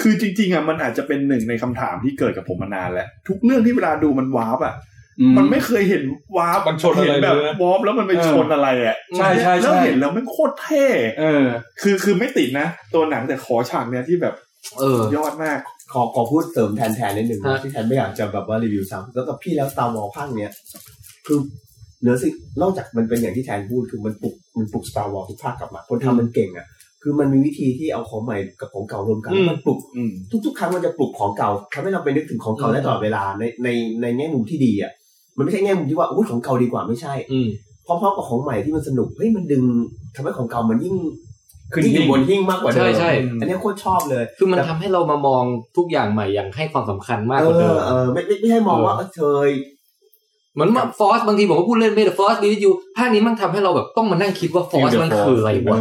Speaker 2: คือจริงๆอ่ะมันอาจจะเป็นหนึ่งในคำถามที่เกิดกับผมมานานแล้ว ทุกเรื่องที่เวลาดูมันวาร์ปอ่ะ
Speaker 7: อื
Speaker 2: มันไม่เคยเห็นวาร์ป
Speaker 10: มันชนอะไร
Speaker 2: เห็นแบบ
Speaker 10: เลยนะ
Speaker 2: วาร์ปแล้วมันไป
Speaker 7: เออ
Speaker 2: ชนอะไรอ่ะ
Speaker 7: ใช่ใช่
Speaker 2: แล้
Speaker 7: ใช่
Speaker 2: วเห็นแล้วมันโคตรเท่
Speaker 7: เออ
Speaker 2: คือคือไม่ติดนะ ตัวหนังแต่ขอฉากเนี้ยที่แบบ
Speaker 1: เออ
Speaker 2: ยอดมาก
Speaker 4: ขอขอพูดเสริมแทนแทนนิดหนึ่งนะ
Speaker 1: ฮะ
Speaker 4: ที่แทนไม่อยากจะแบบว่ารีวิวซ้ำแล้วกับพี่แล้ว Star Wars ภาคเนี้ยคือเหนือสิ่งนอกจากมันเป็นอย่างที่แทนพูดคือมันปลุกมันปลุก Star Wars ทุกภาคกลับมา คนทำมันเก่งอ่ะคือมันมีวิธีที่เอาของใหม่กับของเก่ารวมกันแล้วมันปลุก
Speaker 2: อืม
Speaker 4: ทุกๆ ครั้งมันจะปลุกของเก่าทำให้เราไปนึกถึงของเก่าได้ตลอดเวลาในในในแง่มุมที่ดีอ่ะมันไม่ใช่แง่มุมที่ว่าอุ้ยของเก่าดีกว่าไม่ใช่
Speaker 1: อืม
Speaker 4: เพราะเพราะกับของใหม่ที่มันสนุกเฮ้ยมันดึงทำให้ของเก่ามันยิ่ง
Speaker 7: ขึ้น
Speaker 4: ยิ่งอ
Speaker 7: หิ้
Speaker 4: ยู่
Speaker 7: ง
Speaker 4: บนหิ้งมากกว่าเดิม
Speaker 1: ใช่ใช่
Speaker 4: อันเนี้ยโคตรชอบเลย
Speaker 1: คือมันทำให้เรามามองทุกอย่างใหม่อย่างให้ความสำคัญมาก
Speaker 4: เอก
Speaker 1: ว่าเดิ
Speaker 4: อ
Speaker 1: ม
Speaker 4: เออไม่ไม่ไม่ให้มองว่าเออเธอ
Speaker 1: เหมือนฟอสบางทีผมก็พูดเล่นไปแต่ฟอสดีอยู่ภาคนี้มันทำให้เราแบบต้องมานั่งคิดว่าฟอสมันคืออะไรวะ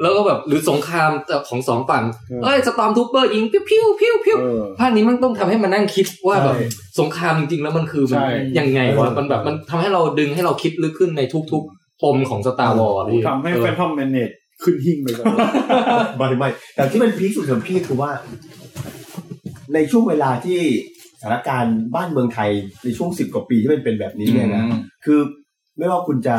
Speaker 1: แล้วก็แบบหรือสงครามของสองฝั่งเอ้ยสตอมทูเปอร์ยิงพิ้วพิ้วพิ้วพิ้ว
Speaker 2: เออ
Speaker 1: ภาคนี้มันต้องทำให้มานั่งคิดว่าแบบสงครามจริงๆแล้วมันคือมัน
Speaker 2: ใช่
Speaker 1: ยังไงวะมันแบบมันทำให้เราดึงให้เราคิดลึกขึ้นในทุกๆปมของสตาร์วอล
Speaker 2: ทำให้แฟนทอมแมนเนตขึ้นหิ่งไปเลย
Speaker 4: ไม่ไม่แต่ที่มันพีคสุดของพี่คือว่า ในช่วงเวลาที่สถานการณ์บ้านเมืองไทยในช่วงสิบกว่าปีที่มันเป็นแบบนี้เนี่ยนะคือไม่ว่าคุณจะ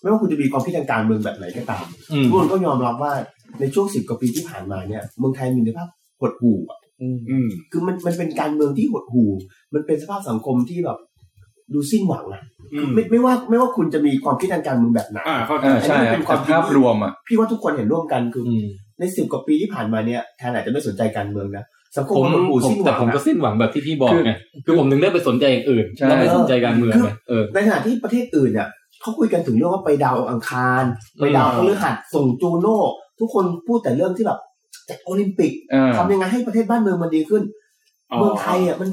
Speaker 4: ไม่ว่าคุณจะมีความคิดทางการเมืองแบบไหนก็ตาม
Speaker 1: อืม
Speaker 4: ทุกคนก็ยอมรับว่าในช่วงสิบกว่าปีที่ผ่านมาเนี่ยเมืองไทยมีสภาพหดหู่อะ
Speaker 2: อืม
Speaker 4: คือมันมันเป็นการเมืองที่หดหู่ มันเป็นสภาพสังคมที่แบบดูสิ้นหวังอะ
Speaker 2: อืม
Speaker 4: ไม่ไม่ว่าไม่ว่าคุณจะมีความคิดทางการเมืองแบบไหน
Speaker 2: อ่าเข้าใจ
Speaker 7: อ่าใช่
Speaker 4: อันนี้มันเป็น
Speaker 7: ค
Speaker 4: ค
Speaker 7: รั
Speaker 4: วาม
Speaker 7: บภาพรวมอ่ะ
Speaker 4: พี่ว่าทุกคนเห็นร่วมกันคืออ
Speaker 1: อืม
Speaker 4: ในสิบกว่าปีที่ผ่านมาเนี่ยแทนอาจจะไม่สนใจการเมืองนะสังคม
Speaker 13: ผม
Speaker 4: มันหดหู่
Speaker 13: ผม
Speaker 4: สิ้นห
Speaker 13: แต่
Speaker 4: วัง
Speaker 13: ผม
Speaker 4: อะ
Speaker 13: ก็สิ้นหวังแบบที่พี่บอกไงคือผมถึงได้ไปสนใจอย่างอื่น
Speaker 7: ใช่
Speaker 13: แล้วไม่สนใจการเมืองไงเออ
Speaker 4: ในขณะที่ประเทศอื่นเนี่ยเขาคุยกันถึงเรื่องว่าไปดาวอังคาร ไปดาวพฤหัสส่งจูโน่ทุกคนพูดแต่เรื่องที่แบบจัดโอลิมปิก
Speaker 7: เออ
Speaker 4: ทำยังไงให้ประเทศบ้านเมืองมันดีขึ้น เมืองไทยอ่ะมัน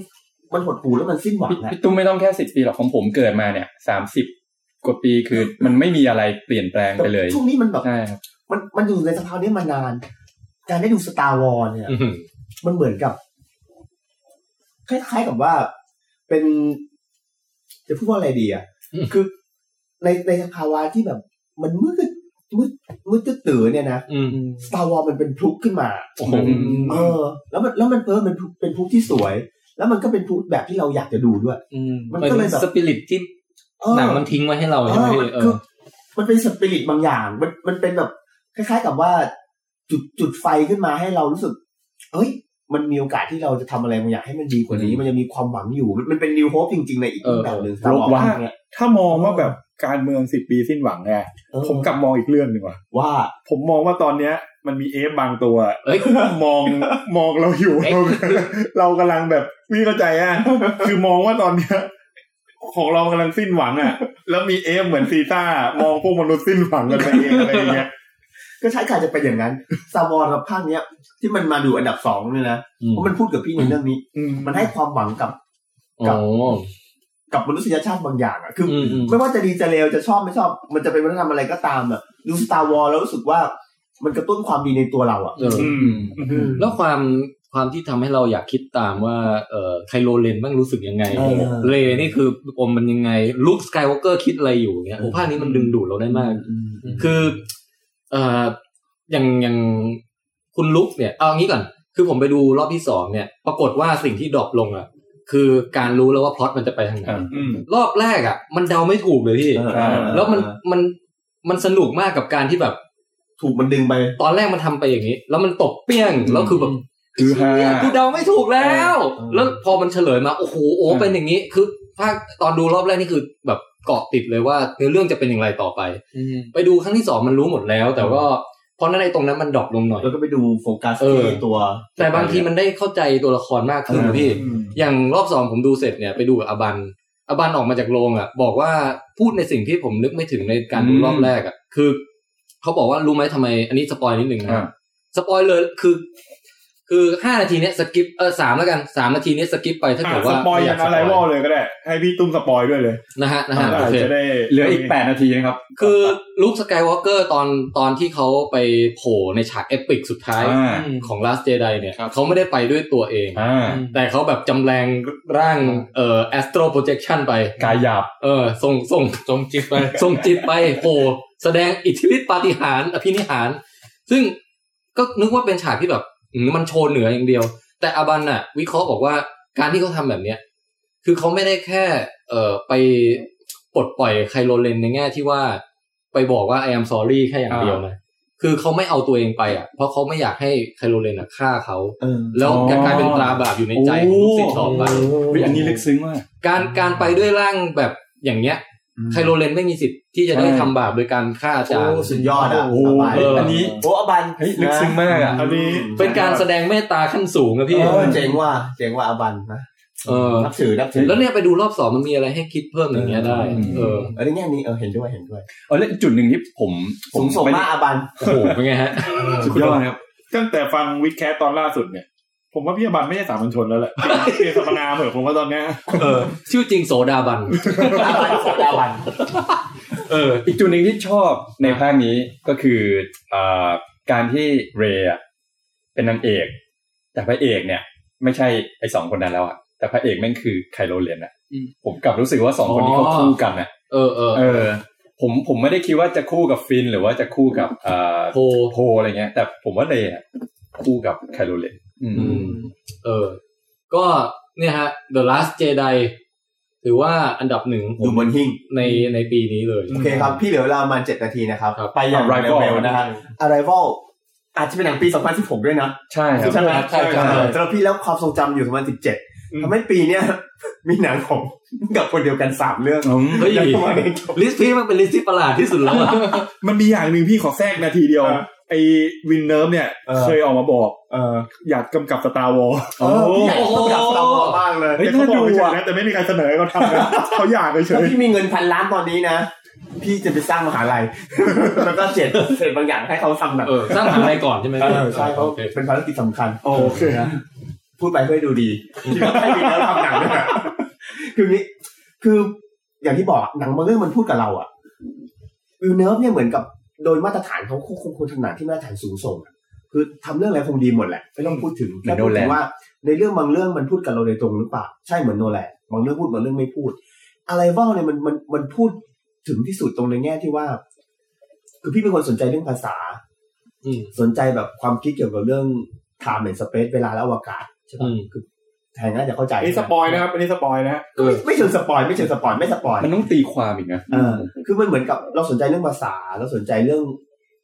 Speaker 4: มันหดหู่แล้วมันสิ้นหวัง
Speaker 7: พี่
Speaker 4: นะ
Speaker 7: พี่ตุ้มไม่ต้องแค่สิบปีหรอกของผมเกิดมาเนี่ยสามสิบกว่าปีคือมันไม่มีอะไรเปลี่ยนแปลงไปเลย
Speaker 4: ช่วงนี้มันแบบ
Speaker 7: ใช่ครับ
Speaker 4: มันมันอยู่ในสภาวะนี้มานาน การได้ดูสตาร์วอลเนี่ย
Speaker 1: อืม
Speaker 4: มันเหมือนกับ คล้ายๆกับว่าเป็น จะพูดว่าอะไรดีอ่ะคือในในสภาวะที่แบบ มันมืดมืดมืดตื้อๆเนี่ยนะ
Speaker 1: อืม
Speaker 4: สตาร์วอลมันเป็นพลุขึ้นมา
Speaker 1: โอ้โห
Speaker 4: เออ แล้วมันแล้วมันเออมันเป็นพลุที่สวย แล้วมันก็เป็นพลุแบบที่เราอยากจะดูด้วย มันก็เลยแบบ
Speaker 1: สปิริตที่
Speaker 4: เออ
Speaker 1: หนังมันทิ้งไว้ให้เราใช่ไหม
Speaker 4: เออ
Speaker 1: พี่เอ
Speaker 4: คือ
Speaker 1: อ
Speaker 4: มันเป็นสปิริตบางอย่าง มันมันเป็นแบบ คล้าย ๆ กับว่า จุดจุดไฟขึ้นมาให้เรารู้สึก เอ้ย มันมีโอกาสที่เราจะทำอะไรบางอย่างให้มันดีกว่านี้ มันยังมีความหวังอยู่มันมันเป็นนิวโฮปจริง ๆ ในอีกรูปแบบหนึ่งสตาร์วอลเนี่ย
Speaker 2: ถ้ามองว่าแบบการเมืองสิบปีสิ้นหวังไง
Speaker 4: เออ
Speaker 2: ผมกลับมองอีกเรื่องหนึ่งว่ะ
Speaker 4: ว่า
Speaker 2: ผมมองว่าตอนเนี้ย มันมีเอฟบางตัว
Speaker 1: เอ้ย
Speaker 2: มองมองเราอยู่ เราเรากำลังแบบพี่เข้าใจอ่ะ คือมองว่าตอนเนี้ยของเรากำลังสิ้นหวังอ่ะ แล้วมีเอฟเหมือนซีซ่ามองพวกมนุษย์สิ้นหวังกันไปเองอะไรอย่างเงี้ย
Speaker 4: ก็ใช้การจะเป็นอย่างนั้นสตาร์วอลกับภาคเนี้ย ที่มันมาดูอันดับสองเนี่ยนะ
Speaker 1: อืม
Speaker 4: เพราะมันพูดกับพี่ในเรื่องนี้
Speaker 2: อื
Speaker 4: มันให้ความหวังกับ
Speaker 1: โอ้
Speaker 4: กับมนุษยชาติบางอย่างอ่ะ คืออ
Speaker 1: มอืม
Speaker 4: ไม่ว่าจะดีจะเลวจะชอบไม่ชอบ มันจะเป็นวัฒนธรรมอะไรก็ตามอ่ะ ดูสตาร์วอลแล้วรู้สึกว่ามันกระตุ้นความดีในตัวเราอ่ะ
Speaker 1: เออ
Speaker 2: อืมอืม
Speaker 1: แล้วความความที่ทำให้เราอยากคิดตามว่าเออไคโลเลนบ้างรู้สึกยังไง
Speaker 4: เออ
Speaker 1: เลนี่คืออมมันยังไงลุคสกายวอล์กเกอร์คิดอะไรอยู่เนี่ยโอ้ภาคนี้มันดึงดูดเราได้มาก คือเอ่ออย่างอย่างคุณลุกเนี่ย เอางี้ก่อน คือผมไปดูรอบที่สองเนี่ย ปรากฏว่าสิ่งที่ดรอปลงอ่ะ คือการรู้แล้วว่าพล็อตมันจะไปทางไหน
Speaker 2: อืม
Speaker 1: รอบแรกอ่ะ มันเดาไม่ถูกเลยพี่
Speaker 4: เออเออเออ
Speaker 1: แล้วมันมันมันสนุกมากกับการที่แบบ
Speaker 4: ถูกมันดึงไป
Speaker 1: ตอนแรกมันทำไปอย่างนี้ แล้วมันตกเปี้ยง แล้วคือแบบ
Speaker 7: คือฮา
Speaker 1: เนี่ยกูเดาไม่ถูกแล้ว
Speaker 4: เออ
Speaker 1: แล้วพอมันเฉลยมา โอ้โหโอ้เป็นอย่างนี้ คือภาคตอนดูรอบแรกนี่คือแบบเกาะติดเลยว่าเนื้อเรื่องจะเป็นอย่างไรต่อไป ไปดูครั้งที่สองมันรู้หมดแล้ว แต่ก็เพราะนั้นไอ้ตรงนั้นมันดรอปลงหน่อย
Speaker 4: แล้วก็ไปดูโฟกัส
Speaker 1: เออ
Speaker 4: ที่ตัว
Speaker 1: แต่บางทีมันได้เข้าใจตัวละครมากขึ้น
Speaker 4: เออ
Speaker 1: นะพี่ อย่างรอบสองผมดูเสร็จเนี่ยไปดูกับอบัน อบันออกมาจากโรงอ่ะ บอกว่าพูดในสิ่งที่ผมนึกไม่ถึงในการดู
Speaker 7: อืม
Speaker 1: รอบแรกอ่ะ คือเขาบอกว่ารู้ไหมทำไม อันนี้สปอยนิดหนึ่งนะ
Speaker 7: อ่า
Speaker 1: สปอยเลยคือ คือห้านาทีเนี้ยสกิปเออสามแล้วกันสามนาทีเนี้ยสกิปไปถ้า
Speaker 2: อ่ะ
Speaker 1: เกิด
Speaker 2: ส
Speaker 1: ว่า
Speaker 2: ปอยอย่าง
Speaker 1: ม่าก
Speaker 2: อะไรวอลเลยก็ได้ ให้พี่ตุ้มสปอยด้วยเลย
Speaker 1: นะฮะนะฮะ
Speaker 2: แล้ว
Speaker 1: โอ
Speaker 2: อาจ
Speaker 1: เค
Speaker 2: จะได้
Speaker 7: เหลืออีกแปดนาทีนะครับ
Speaker 1: คือลุคสกายวอล์กเกอร์ตอนตอนที่เขาไปโผล่ในฉากเอปิกสุดท้าย
Speaker 7: อ่า
Speaker 1: ของ Last Jedi เนี่ยเขาไม่ได้ไปด้วยตัวเอง
Speaker 7: อ่า
Speaker 1: แต่เขาแบบจำแรงร่างเอ่อ Astro Projection ไป
Speaker 7: กายหยาบ
Speaker 1: เออส่งส่งส่งจิต [laughs] ไป ส่งจิตไปโผล่แสดงอิทธิฤทธิปาฏิหาริย์อภินิหาร ซึ่งก็นึกว่าเป็นฉากที่แบบอืมมันโชว์เหนืออย่างเดียว แต่อาบันน่ะ วิเคราะห์บอกว่าการที่เขาทำแบบเนี้ยคือเขาไม่ได้แค่ เอ่อไปปลดปล่อยไคโลเลนในแง่ที่ว่า ไปบอกว่า I am sorry แค่อย่างเดียวนะคือเขาไม่เอาตัวเองไปอ่ะ เพราะเขาไม่อยากให้ไคโลเลนอ่ะฆ่าเขา
Speaker 4: เออ
Speaker 1: แล้ว
Speaker 7: อ๋อ
Speaker 1: กลายเป็นตราบาปอยู่ในใจของลูกศิษย์ต่อไป
Speaker 7: วิอันนี้ลึกซึ้งมาก
Speaker 1: การการไปด้วยร่างแบบอย่างเงี้ยไคโรเลนไม่มีสิทธิ์ที่จะได้
Speaker 7: ใช่
Speaker 1: ทำบาปโดยการฆ่าอาจารย์
Speaker 4: โอ้สุดยอดอ่ะ
Speaker 7: โอ้โห
Speaker 4: สบาย
Speaker 1: เออ
Speaker 7: อันนี้
Speaker 4: โอ้อบัน
Speaker 7: เฮ้ยลึกซึ้งมากอ่ะ
Speaker 2: อันนี้
Speaker 1: เป็นการแสดงเมตตาขั้นสูงอะพี่
Speaker 4: เออเจ๋งว่ะเจ๋งว่ะอบันนะ
Speaker 1: เออ
Speaker 4: นับถือนับถือ
Speaker 1: แล้วเนี่ยไปดูรอบสองมันมีอะไรให้คิดเพิ่มอย่างเงี้ยได้ เออ
Speaker 4: เออในแง่นี้เออเห็นด้วยเห็นด้วย
Speaker 7: เออแล้วจุดหนึ่งที่ผมผ
Speaker 4: สูงส่ง
Speaker 7: ไม่
Speaker 4: มา
Speaker 7: ได้
Speaker 4: กอบัน
Speaker 1: โอ้โหเป็นไงฮะ
Speaker 7: สุดยอดครับ
Speaker 2: ตั้งแต่ฟังวิดแคสตอนล่าสุดเนี่ย ผมว่าพี่อบันไม่ใช่สามัญชนแล้วแหละ [laughs] เปลี่ยนสมนาเหอะผมว่าตอนเนี้ย
Speaker 1: ชื่อจริงโสดาบัน
Speaker 4: อบันโสดา
Speaker 1: [laughs]
Speaker 4: บัน
Speaker 7: เออ อีกจุดหนึ่งที่ชอบในภาคนี้ก็คือเอ่อการที่เรย์อะเป็นนางเอก แต่พระเอกเนี่ย ไม่ใช่ไอ้สองคนนั้นแล้วอะแต่พระเอกแม่งคือไคโรเลนอะผมกลับรู้สึกว่าสองคนนี้เขา
Speaker 1: อ๋อ
Speaker 7: คู่กันอะ
Speaker 1: เออเออ
Speaker 7: เออ ผมผมไม่ได้คิดว่าจะคู่กับฟิน หรือว่าจะคู่กับเอ่อ
Speaker 1: โพล
Speaker 7: โพอะไรเงี้ย แต่ผมว่าเรย์อะคู่กับไคโรเลนอืม
Speaker 1: อืม เออ ก็เนี่ยฮะ The Last Jedi
Speaker 8: ถือว่าอันดับหนึ่งของผ
Speaker 4: ดู
Speaker 8: ม
Speaker 4: บนหิ้ง
Speaker 8: ในในปีนี้เลย
Speaker 4: โอเคครับ พี่เหลือเวลาประมาณ7นาทีนะครับ
Speaker 8: ครับ
Speaker 4: ไปอย่าง
Speaker 7: Arrival
Speaker 4: เร็วๆนะครับ Arrival อาจจะเป็นหนังปี 2016 ด้วยนะ
Speaker 7: ใช่ครับ
Speaker 4: ใช่ไหม
Speaker 8: ใช่ใช่
Speaker 4: เออสำหรับพี่แล้วความทรงจำอยู่2017ทำให้ปีเนี้ย มีหนังของกับคนเดียวกันสามเรื่อง
Speaker 8: เฮ้ย
Speaker 4: ยังประมาณนี้
Speaker 8: ลิสต์พี่มันเป็นลิสต์ที่ประหลาดที่สุดแล้วอะ
Speaker 2: มันมีอย่างหนึ่งพี่ขอแทรกนาทีเดียว
Speaker 4: เออ
Speaker 2: ไอ้วินเนิร์ฟเนี่ย
Speaker 4: เออ
Speaker 2: เคยออกมาบอก
Speaker 4: เออ
Speaker 2: อยากกำกับสตาร์วอล
Speaker 4: เออพี่ใหญ่ต้องดับตามมากเลย
Speaker 2: เฮ้ย
Speaker 4: แต่
Speaker 2: น่า
Speaker 4: เขาบอ
Speaker 2: ดู
Speaker 4: กเฉย
Speaker 2: อ่ะ
Speaker 4: ๆนะ
Speaker 2: แต่ไม่มีใครเสนอให้เขาท [laughs] ำนะ เขาอยากเฉ
Speaker 4: ถ้าย พี่มีเงินพันล้านตอนนี้นะ พี่จะไปสร้างมหาลัย [laughs] แล้วก็เสร็จเสร็จบางอย่างให้เขาทำหนัง
Speaker 1: เออสร้างหนังอะไรก่อนใช่ไหม
Speaker 4: เออใช่เขา
Speaker 1: โอเค
Speaker 4: เป็นภารกิจสำคัญ
Speaker 2: ๆโอเค
Speaker 4: พูดไปเพื่อให้ดูดีให้ดีแล้วทำหนังด้วยนะคือนี้ คืออย่างที่บอกหนังบางเรื่องมันพูดกับเราอะวิวเนิร์ฟเนี่ยเหมือนกับโดยมาตรฐานเขาคงคงคนทำหนังที่มาตรฐานสูงส่งอะคือทำเรื่องอะไรคงดีหมดแหละไม่ต้องพูดถึง
Speaker 7: เหมือ
Speaker 4: แค่
Speaker 7: น
Speaker 4: พูดถึ
Speaker 7: Nolan
Speaker 4: งว่า ในเรื่องบางเรื่องมันพูดกับเราโดยตรงหรือเปล่าใช่เหมือนโนแลนบางเรื่องพูดบางเรื่องไม่พูด อะไรบ้างเนี่ยมันมันมันพูดถึงที่สุดตรงในแง่ที่ว่า คือพี่เป็นคนสนใจเรื่องภาษา
Speaker 8: อืม
Speaker 4: สนใจแบบความคิดเกี่ยวกับเรื่อง time and space เวลาและอวกาศใช่
Speaker 8: อื
Speaker 4: ปะ
Speaker 8: ม
Speaker 4: คือแทนน่าจะเข้าใจ
Speaker 2: อันนี้สปอยนะครับ อันนี้สปอยนะฮะ
Speaker 8: เออ
Speaker 4: ไม่เชิงสปอยไม่เชิงสปอยไม่สปอย
Speaker 7: มันต้องตีความอีกนะ
Speaker 4: เออคือมันเหมือนกับเราสนใจเรื่องภาษา เราสนใจเรื่อง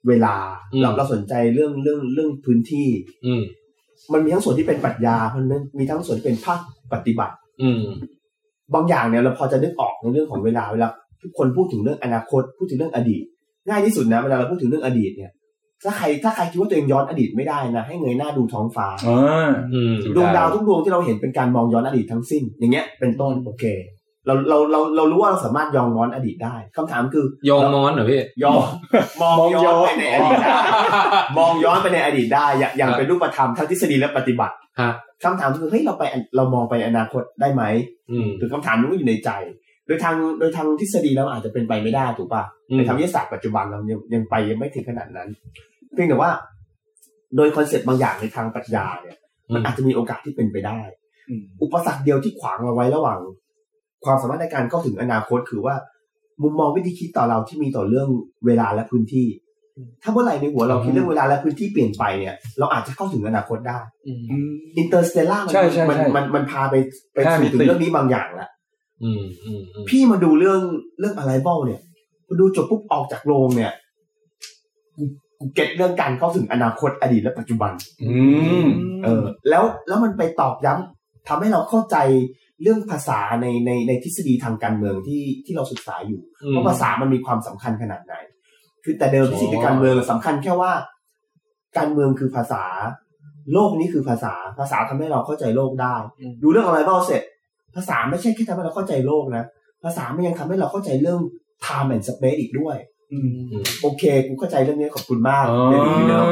Speaker 4: เวลา
Speaker 8: อืม
Speaker 4: เราเราสนใจเรื่องเรื่องเรื่องพื้นที่
Speaker 8: อืม
Speaker 4: มันมีทั้งส่วนที่เป็นปรัชญามันมีทั้งส่วนที่เป็นภาคปฏิบัติ
Speaker 8: อืม
Speaker 4: บางอย่างเนี่ยเราพอจะนึกออกในเรื่องของเวลาเวลาทุกคนพูดถึงเรื่องอนาคตพูดถึงเรื่องอดีต ง่ายที่สุดนะเวลาเราพูดถึงเรื่องอดีตเนี่ย ถ้าใครถ้าใครคิดว่าตัวเองย้อนอดีตไม่ได้นะ ให้เงยหน้าดูท้องฟ้า
Speaker 7: อ่า
Speaker 8: อืม
Speaker 7: ดู
Speaker 4: ดวง
Speaker 7: ดาว
Speaker 4: ดาวทุกดวงที่เราเห็นเป็นการมองย้อนอดีตทั้งสิ้น อย่างเงี้ย เป็นต้นโอเคเราเราเราเรารู้ว่าเราสามารถยองย้อนอดีตได้คำถามคือย
Speaker 8: องมอนเหรอพี่
Speaker 4: ยองมอง
Speaker 2: มอง
Speaker 4: ย้
Speaker 2: ย้
Speaker 4: อน
Speaker 2: อ
Speaker 4: ไป
Speaker 2: น
Speaker 4: ในอดีตได้มองย้อนไปในอดีตได้อย่างอย่างเป็นรูปธรรมทั้งทฤษฎีและปฏิบัติ
Speaker 8: ฮะ
Speaker 4: คำถามคือเฮ้ยเราไปเรามองไปอนาคตได้ไหม
Speaker 8: อืม
Speaker 4: คือคำถามมันก็อยู่ในใจ โดยทางโดยทางทฤษฎีแล้วอาจจะเป็นไปไม่ได้ถูกป่ะ
Speaker 8: อืม
Speaker 4: ในทางวิทยาศาสตร์ปัจจุบันเรายังยังไปยังไม่ถึงขนาดนั้น เพียงแต่ว่า โดยคอนเซปต์บางอย่างในทางปรัชญาเนี่ย มันอาจจะมีโอกาสที่เป็นไปได้
Speaker 2: อืม
Speaker 4: อุปสรรคเดียวที่ขวางเราไว้ระหว่าง ความสามารถในการเข้าถึงอนาคตคือว่า มุมมองวิธีคิดต่อเราที่มีต่อเรื่องเวลาและพื้นที่ ถ้าเมื่อไหร่ในหัวเราคิดเรื่องเวลาและพื้นที่เปลี่ยนไปเนี่ย เราอาจจะเข้าถึงอนาคตได้
Speaker 2: อืม
Speaker 4: อินเตอร์สเตลล่ามัน
Speaker 7: ใช่ใช่
Speaker 4: มัน
Speaker 7: ใช่
Speaker 4: มันมันพาไปไป
Speaker 7: ห้ามิ
Speaker 4: สู่
Speaker 7: ติ
Speaker 4: ถึงเรื่องนี้บางอย่างละ
Speaker 8: อืมอืมอืม
Speaker 4: พี่มาดูเรื่องเรื่องอะไรบ้าเนี่ยมาดูจบปุ๊บออกจากโรงเนี่ยกูกูเก็ตเรื่องการเข้าถึงอนาคตอดีตและปัจจุบัน
Speaker 7: อืม
Speaker 4: เออ แล้วแล้วมันไปตอกย้ำทำให้เราเข้าใจเรื่องภาษาในในในทฤษฎีทางการเมืองที่ที่เราศึกษาอยู่
Speaker 8: ม
Speaker 4: ว่าภาษามันมีความสำคัญขนาดไหน คือแต่เดิมทฤษฎีการเมืองสำคัญแค่ว่า การเมืองคือภาษา โลกนี้คือภาษาภาษาทำให้เราเข้าใจโลกได้ ดูเรื่องอะไรบ้าเสร็จ ภาษาไม่ใช่แค่ทำให้เราเข้าใจโลกนะ ภาษามันยังทำให้เราเข้าใจเรื่อง time and space อีกด้วย โอเค กูเข้าใจเรื่องนี้ขอบคุณมาก
Speaker 7: อ๋อ
Speaker 4: เดี๋ยวนี้เนอะ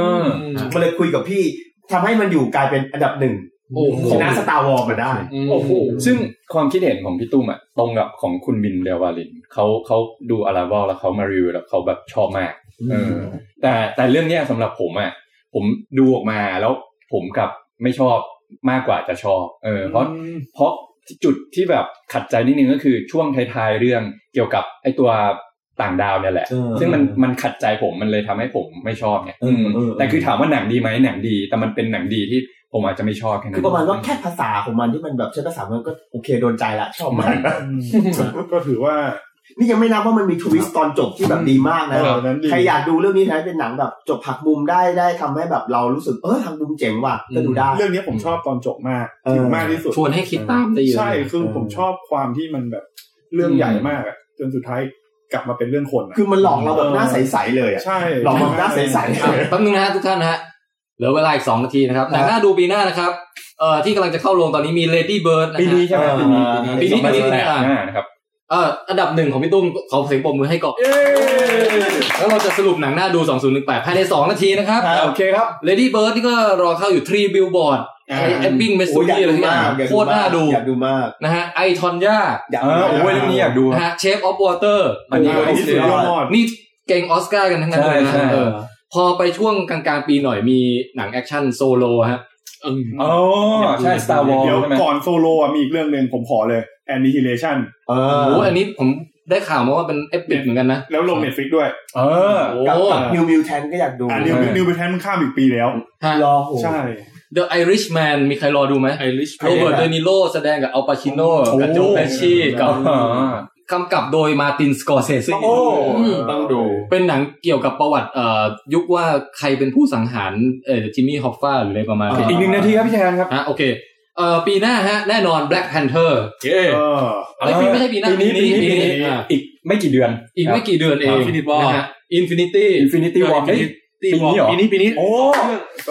Speaker 4: มาเลยคุยกับพี่ทำให้มันอยู่กลายเป็นอันดับหนึ่ง
Speaker 1: โอ้โห
Speaker 4: ชนะสตาร์วอลมาได้
Speaker 2: โอ้โห
Speaker 7: ซึ่งความคิดเห็นของพี่ตุ้มอะตรงกับของคุณบินเดวาลินเขาเขาดูอาราบอลแล้วเขามารีวิวแล้วเขาแบบชอบมากเออแต่แต่เรื่องเนี้ยสำหรับผมอะผมดูออกมาแล้วผมกลับไม่ชอบมากกว่าจะชอบเออเพราะเพราะจุดที่แบบขัดใจนิดนึงก็คือช่วงท้ายๆเรื่องเกี่ยวกับไอตัวต่างดาวเนี่ยแหละ
Speaker 4: เออ
Speaker 7: ซึ่งมันมันขัดใจผมมันเลยทำให้ผมไม่ชอบเนี่ย
Speaker 4: เออเออเออ
Speaker 7: แต่คือถามว่าหนังดีไหมหนังดี แต่มันเป็นหนังดีที่ผมอาจจะไม่ชอบแค่นั้น
Speaker 4: คือประมาณว่าแค่ภาษาของมันที่มันแบบใช้ภาษามันก็โอเคโดนใจละชอบมัน
Speaker 2: ก็ถือว่า
Speaker 4: นี่ยังไม่นับว่ามันมีทวิสต์ตอนจบที่แบบดีมากนะ
Speaker 2: เออนั้นดี
Speaker 4: ใครอยากดูเรื่องนี้นะเป็นหนังแบบจบหักมุมได้ได้ทำให้แบบเรารู้สึกเออหักมุมเจ๋งว่ะก็ดูได้
Speaker 2: เรื่องนี้ผมชอบตอนจบมาก
Speaker 4: เออ
Speaker 2: ถึงมากที่สุด
Speaker 1: ชวนให้คิดตามได้เยอะ
Speaker 2: ใช่คือผมชอบความที่มันแบบเรื่องใหญ่มากอะจนสุดท้ายกลับมาเป็นเรื่องคนอะ
Speaker 4: คือมันหลอกเราแบบหน้าใสๆเลยอะ
Speaker 2: ใช่
Speaker 4: หลอกแบบหน้าใสๆ
Speaker 1: อ่ะ
Speaker 4: เลย
Speaker 1: แป๊บนึงนะฮะทุกท่านนะฮะเหลือเวลาอีกสองนาทีนะครับหนังหน้าดูปีหน้านะครับเอ่อที่กำลังจะเข้าโรงตอนนี้มี Lady Bird นะ
Speaker 7: ปี
Speaker 1: ฮะ
Speaker 7: นี้ใช่ไหมปีนี้
Speaker 1: ปี
Speaker 7: ปี
Speaker 1: นี้
Speaker 7: นี้
Speaker 1: ปีนี้
Speaker 7: 2018อ่านะครับ
Speaker 1: เอ่ออันดับหนึ่งของพี่ตุ้มขอเสียงปรบมือให้ก่อนแล้วเราจะสรุปหนังหน้าดู 2018ภายใน 2 นาทีนะครับ
Speaker 2: โอเคครับ
Speaker 1: Lady Bird นี่ก็รอเข้าอยู่ 3 Billboard
Speaker 2: อ่า
Speaker 1: ไอ้แอปปิ้งเมส
Speaker 4: โอ้
Speaker 1: ซี่
Speaker 4: ยอยาก
Speaker 1: อะไร
Speaker 4: ดู
Speaker 1: ที่
Speaker 4: มากอยาก
Speaker 1: โคตรน่าดู
Speaker 4: อยากดูมาก
Speaker 1: นะฮะไอทอนย่า
Speaker 4: อยาก
Speaker 7: เอ
Speaker 4: ดู
Speaker 7: อ
Speaker 4: มาก
Speaker 7: โอ้ยเรื่องนี้อยากดู
Speaker 1: นะฮะเชฟออฟวอเตอร์
Speaker 7: อันนี้ก็
Speaker 2: อัน
Speaker 7: โอ
Speaker 2: นี้
Speaker 7: เค
Speaker 2: สุดยอด
Speaker 1: นี่เก่งออสการ์กันทั้งนั้นเลยนะ
Speaker 7: ใช่ใช่
Speaker 1: เออพอไปช่วงกลางๆปีหน่อยมีหนังแอคชั่นโซโลฮะ
Speaker 7: อ๋อใช่ Star Wars
Speaker 2: เดี๋ยว
Speaker 7: ใช่ไหม
Speaker 2: ก่อนโซโลอะมีอีกเรื่องหนึ่งผมขอเลย Annihilation
Speaker 4: เออ
Speaker 1: โอ้โหอันนี้ผมได้ข่าวมาว่าเป็นเอพิกเหมือนกันนะ
Speaker 2: แล้วลงเน็ตฟิกด้วย
Speaker 7: เออ
Speaker 1: โอ้โห
Speaker 4: กับนิวมิวแทนก็อยากดู
Speaker 2: อ่านิว
Speaker 7: เออ
Speaker 2: นิวไปแทนมันข้ามอีกปีแล้ว
Speaker 4: รอโห
Speaker 2: ใช่
Speaker 1: The Irishman มีใครรอดูไหม
Speaker 10: ไอริช
Speaker 1: โรเบิร์ตเดนิโลแสดงกับอัลปาชิโนกับโจเปชีกับกำกับโดยมาร์ตินสกอร์เซซี
Speaker 2: โอ้
Speaker 4: ต้องดู
Speaker 1: เป็นหนังเกี่ยวกับประวัติเอ่อยุคว่าใครเป็นผู้สังหารเอ่อจิมมี่ฮอฟฟาหรืออะไรประมาณ
Speaker 2: อ่า
Speaker 7: อีกหนึ่งนาทีครับพี่แทนครับ
Speaker 1: ฮะโอเคเอ่อปีหน้าฮะแน่นอน Black Panther
Speaker 10: เย่
Speaker 2: เออ
Speaker 1: เอ้ยปีไม่ใช่ปีหน้า
Speaker 7: ปีนี้ปีนี้ปีนี้
Speaker 2: ปีนี้
Speaker 1: อ่า
Speaker 7: อีกไม่กี่เดือน
Speaker 1: อีกไม่กี่เดือนเองนะฮะ Infinity
Speaker 7: อินฟินิตี้วอร์ปี
Speaker 10: ตีบอล
Speaker 7: นี้เหรอ
Speaker 10: ปีนี้ปีนี้
Speaker 7: โอ้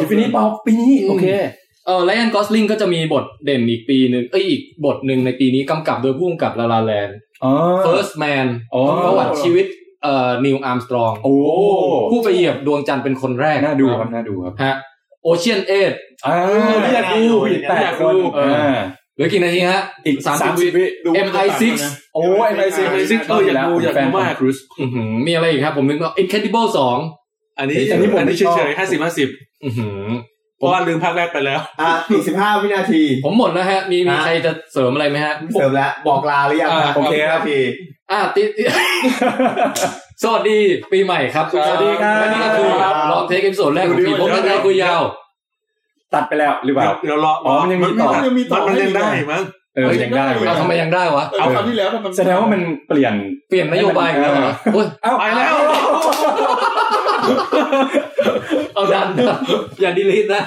Speaker 7: อินฟินิตี้วอร์ปีนี้โอเค
Speaker 1: เอ่อไลออนกอสลิงก็จะมีบทเด่นอีกปีหนึ่งเอ้ยอีกบทหนึ่งในปีนี้กำกับโดยผู้กำกับลาลาแลน
Speaker 7: อ๋อ
Speaker 1: First Man
Speaker 7: อ๋อ
Speaker 1: ประวัติชีวิตเอ่อนิวอาร์มสตรอง
Speaker 7: โอ้
Speaker 1: ผู้ไปเหยียบดวงจันทร์เป็นคนแรก
Speaker 7: น่าดูครับน่าดูครับ
Speaker 1: ฮะโอเชียนเอ
Speaker 7: อ่า
Speaker 4: อยากดู
Speaker 7: อีกแปดคน
Speaker 1: เออ
Speaker 7: อ่า
Speaker 1: เหลือกี่นาทีฮะ
Speaker 7: อีก
Speaker 1: สามสิบ
Speaker 7: สามสิบวิ
Speaker 2: ดู
Speaker 1: MI6
Speaker 7: โอ้ไอไอซี
Speaker 10: ไอริชเอออยากดูอยากดูมากครูส
Speaker 1: อื้อหือมีอะไรอีกครับ ผมนึกว่า Incredible 2
Speaker 10: อันนี้อันนี้ผมเฉยๆห้าสิบห้าสิบ
Speaker 1: อื้อหือ
Speaker 10: เพราะว่าลืมภาคแรกไปแล้ว
Speaker 4: อ่ะอีกสิบห้าวินาที
Speaker 1: ผมหมดแล้วฮะ มีมี
Speaker 4: อ่ะ
Speaker 1: ใครจะเสริมอะไรไหมฮะ
Speaker 4: เสริมแล้วบอกลาหรือยัง
Speaker 10: อ่ะ
Speaker 4: โอเคครับพี่
Speaker 1: อ่ะติติ [laughs] สวัสดี ปีใหม่ครับทุก
Speaker 7: ส
Speaker 1: ท่า
Speaker 7: วัน สดีครับ
Speaker 1: และนี่ก็คือลองเทคเอพิโซดแรกของปีผมกันไงคุยยาว
Speaker 7: ตัดไปแล้วหรือเปล่า
Speaker 10: เดี๋ยวรอ
Speaker 7: อ๋อมันยังมีต่อ
Speaker 10: น
Speaker 2: ยังมีต่อ
Speaker 10: มันเล่นได้มั้ง
Speaker 7: เออยังได้อยู่
Speaker 1: เอาทำไมยังได้วะ
Speaker 2: เอาคราวที่แล้วมัน
Speaker 7: แสดงว่ามันเปลี่ยน
Speaker 1: เปลี่ยนนโยบายกันแล้วเหรอโอ้ย
Speaker 7: เอา
Speaker 10: ไปแล้ว
Speaker 1: เอาดันนะ [laughs] อย่าดีลิทนะ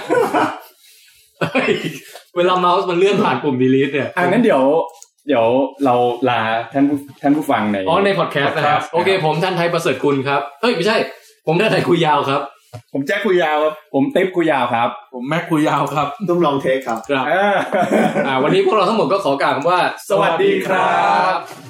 Speaker 1: เฮ้ยเวลาเมาส์มันเลื่อนผ่านปุ่มดีลิทเนี่ย
Speaker 7: อ่างั้นเดี๋ยว เดี๋ยวเราลาท่านผู้ท่านผู้ฟังใน
Speaker 1: อ๋อในพอดแคสต์นะครับ
Speaker 7: podcast
Speaker 1: โอเค ผมท่านไทยประเสริฐคุณครับ เอ้ย ไม่ใช่ ผมท่านไทยคุยยาวครับ
Speaker 2: ผมแจ็คคุยยาวครับ
Speaker 7: ผมติ๊บกุยาวครับ
Speaker 10: ผมแม็กคุยยาวครับ
Speaker 4: ต้องลองเทคครับ
Speaker 1: ครับ
Speaker 7: เออ
Speaker 1: อ่าวันนี้พวกเราทั้งหมดก็ขอกล่าวคำว่า
Speaker 7: สวัสดีครับ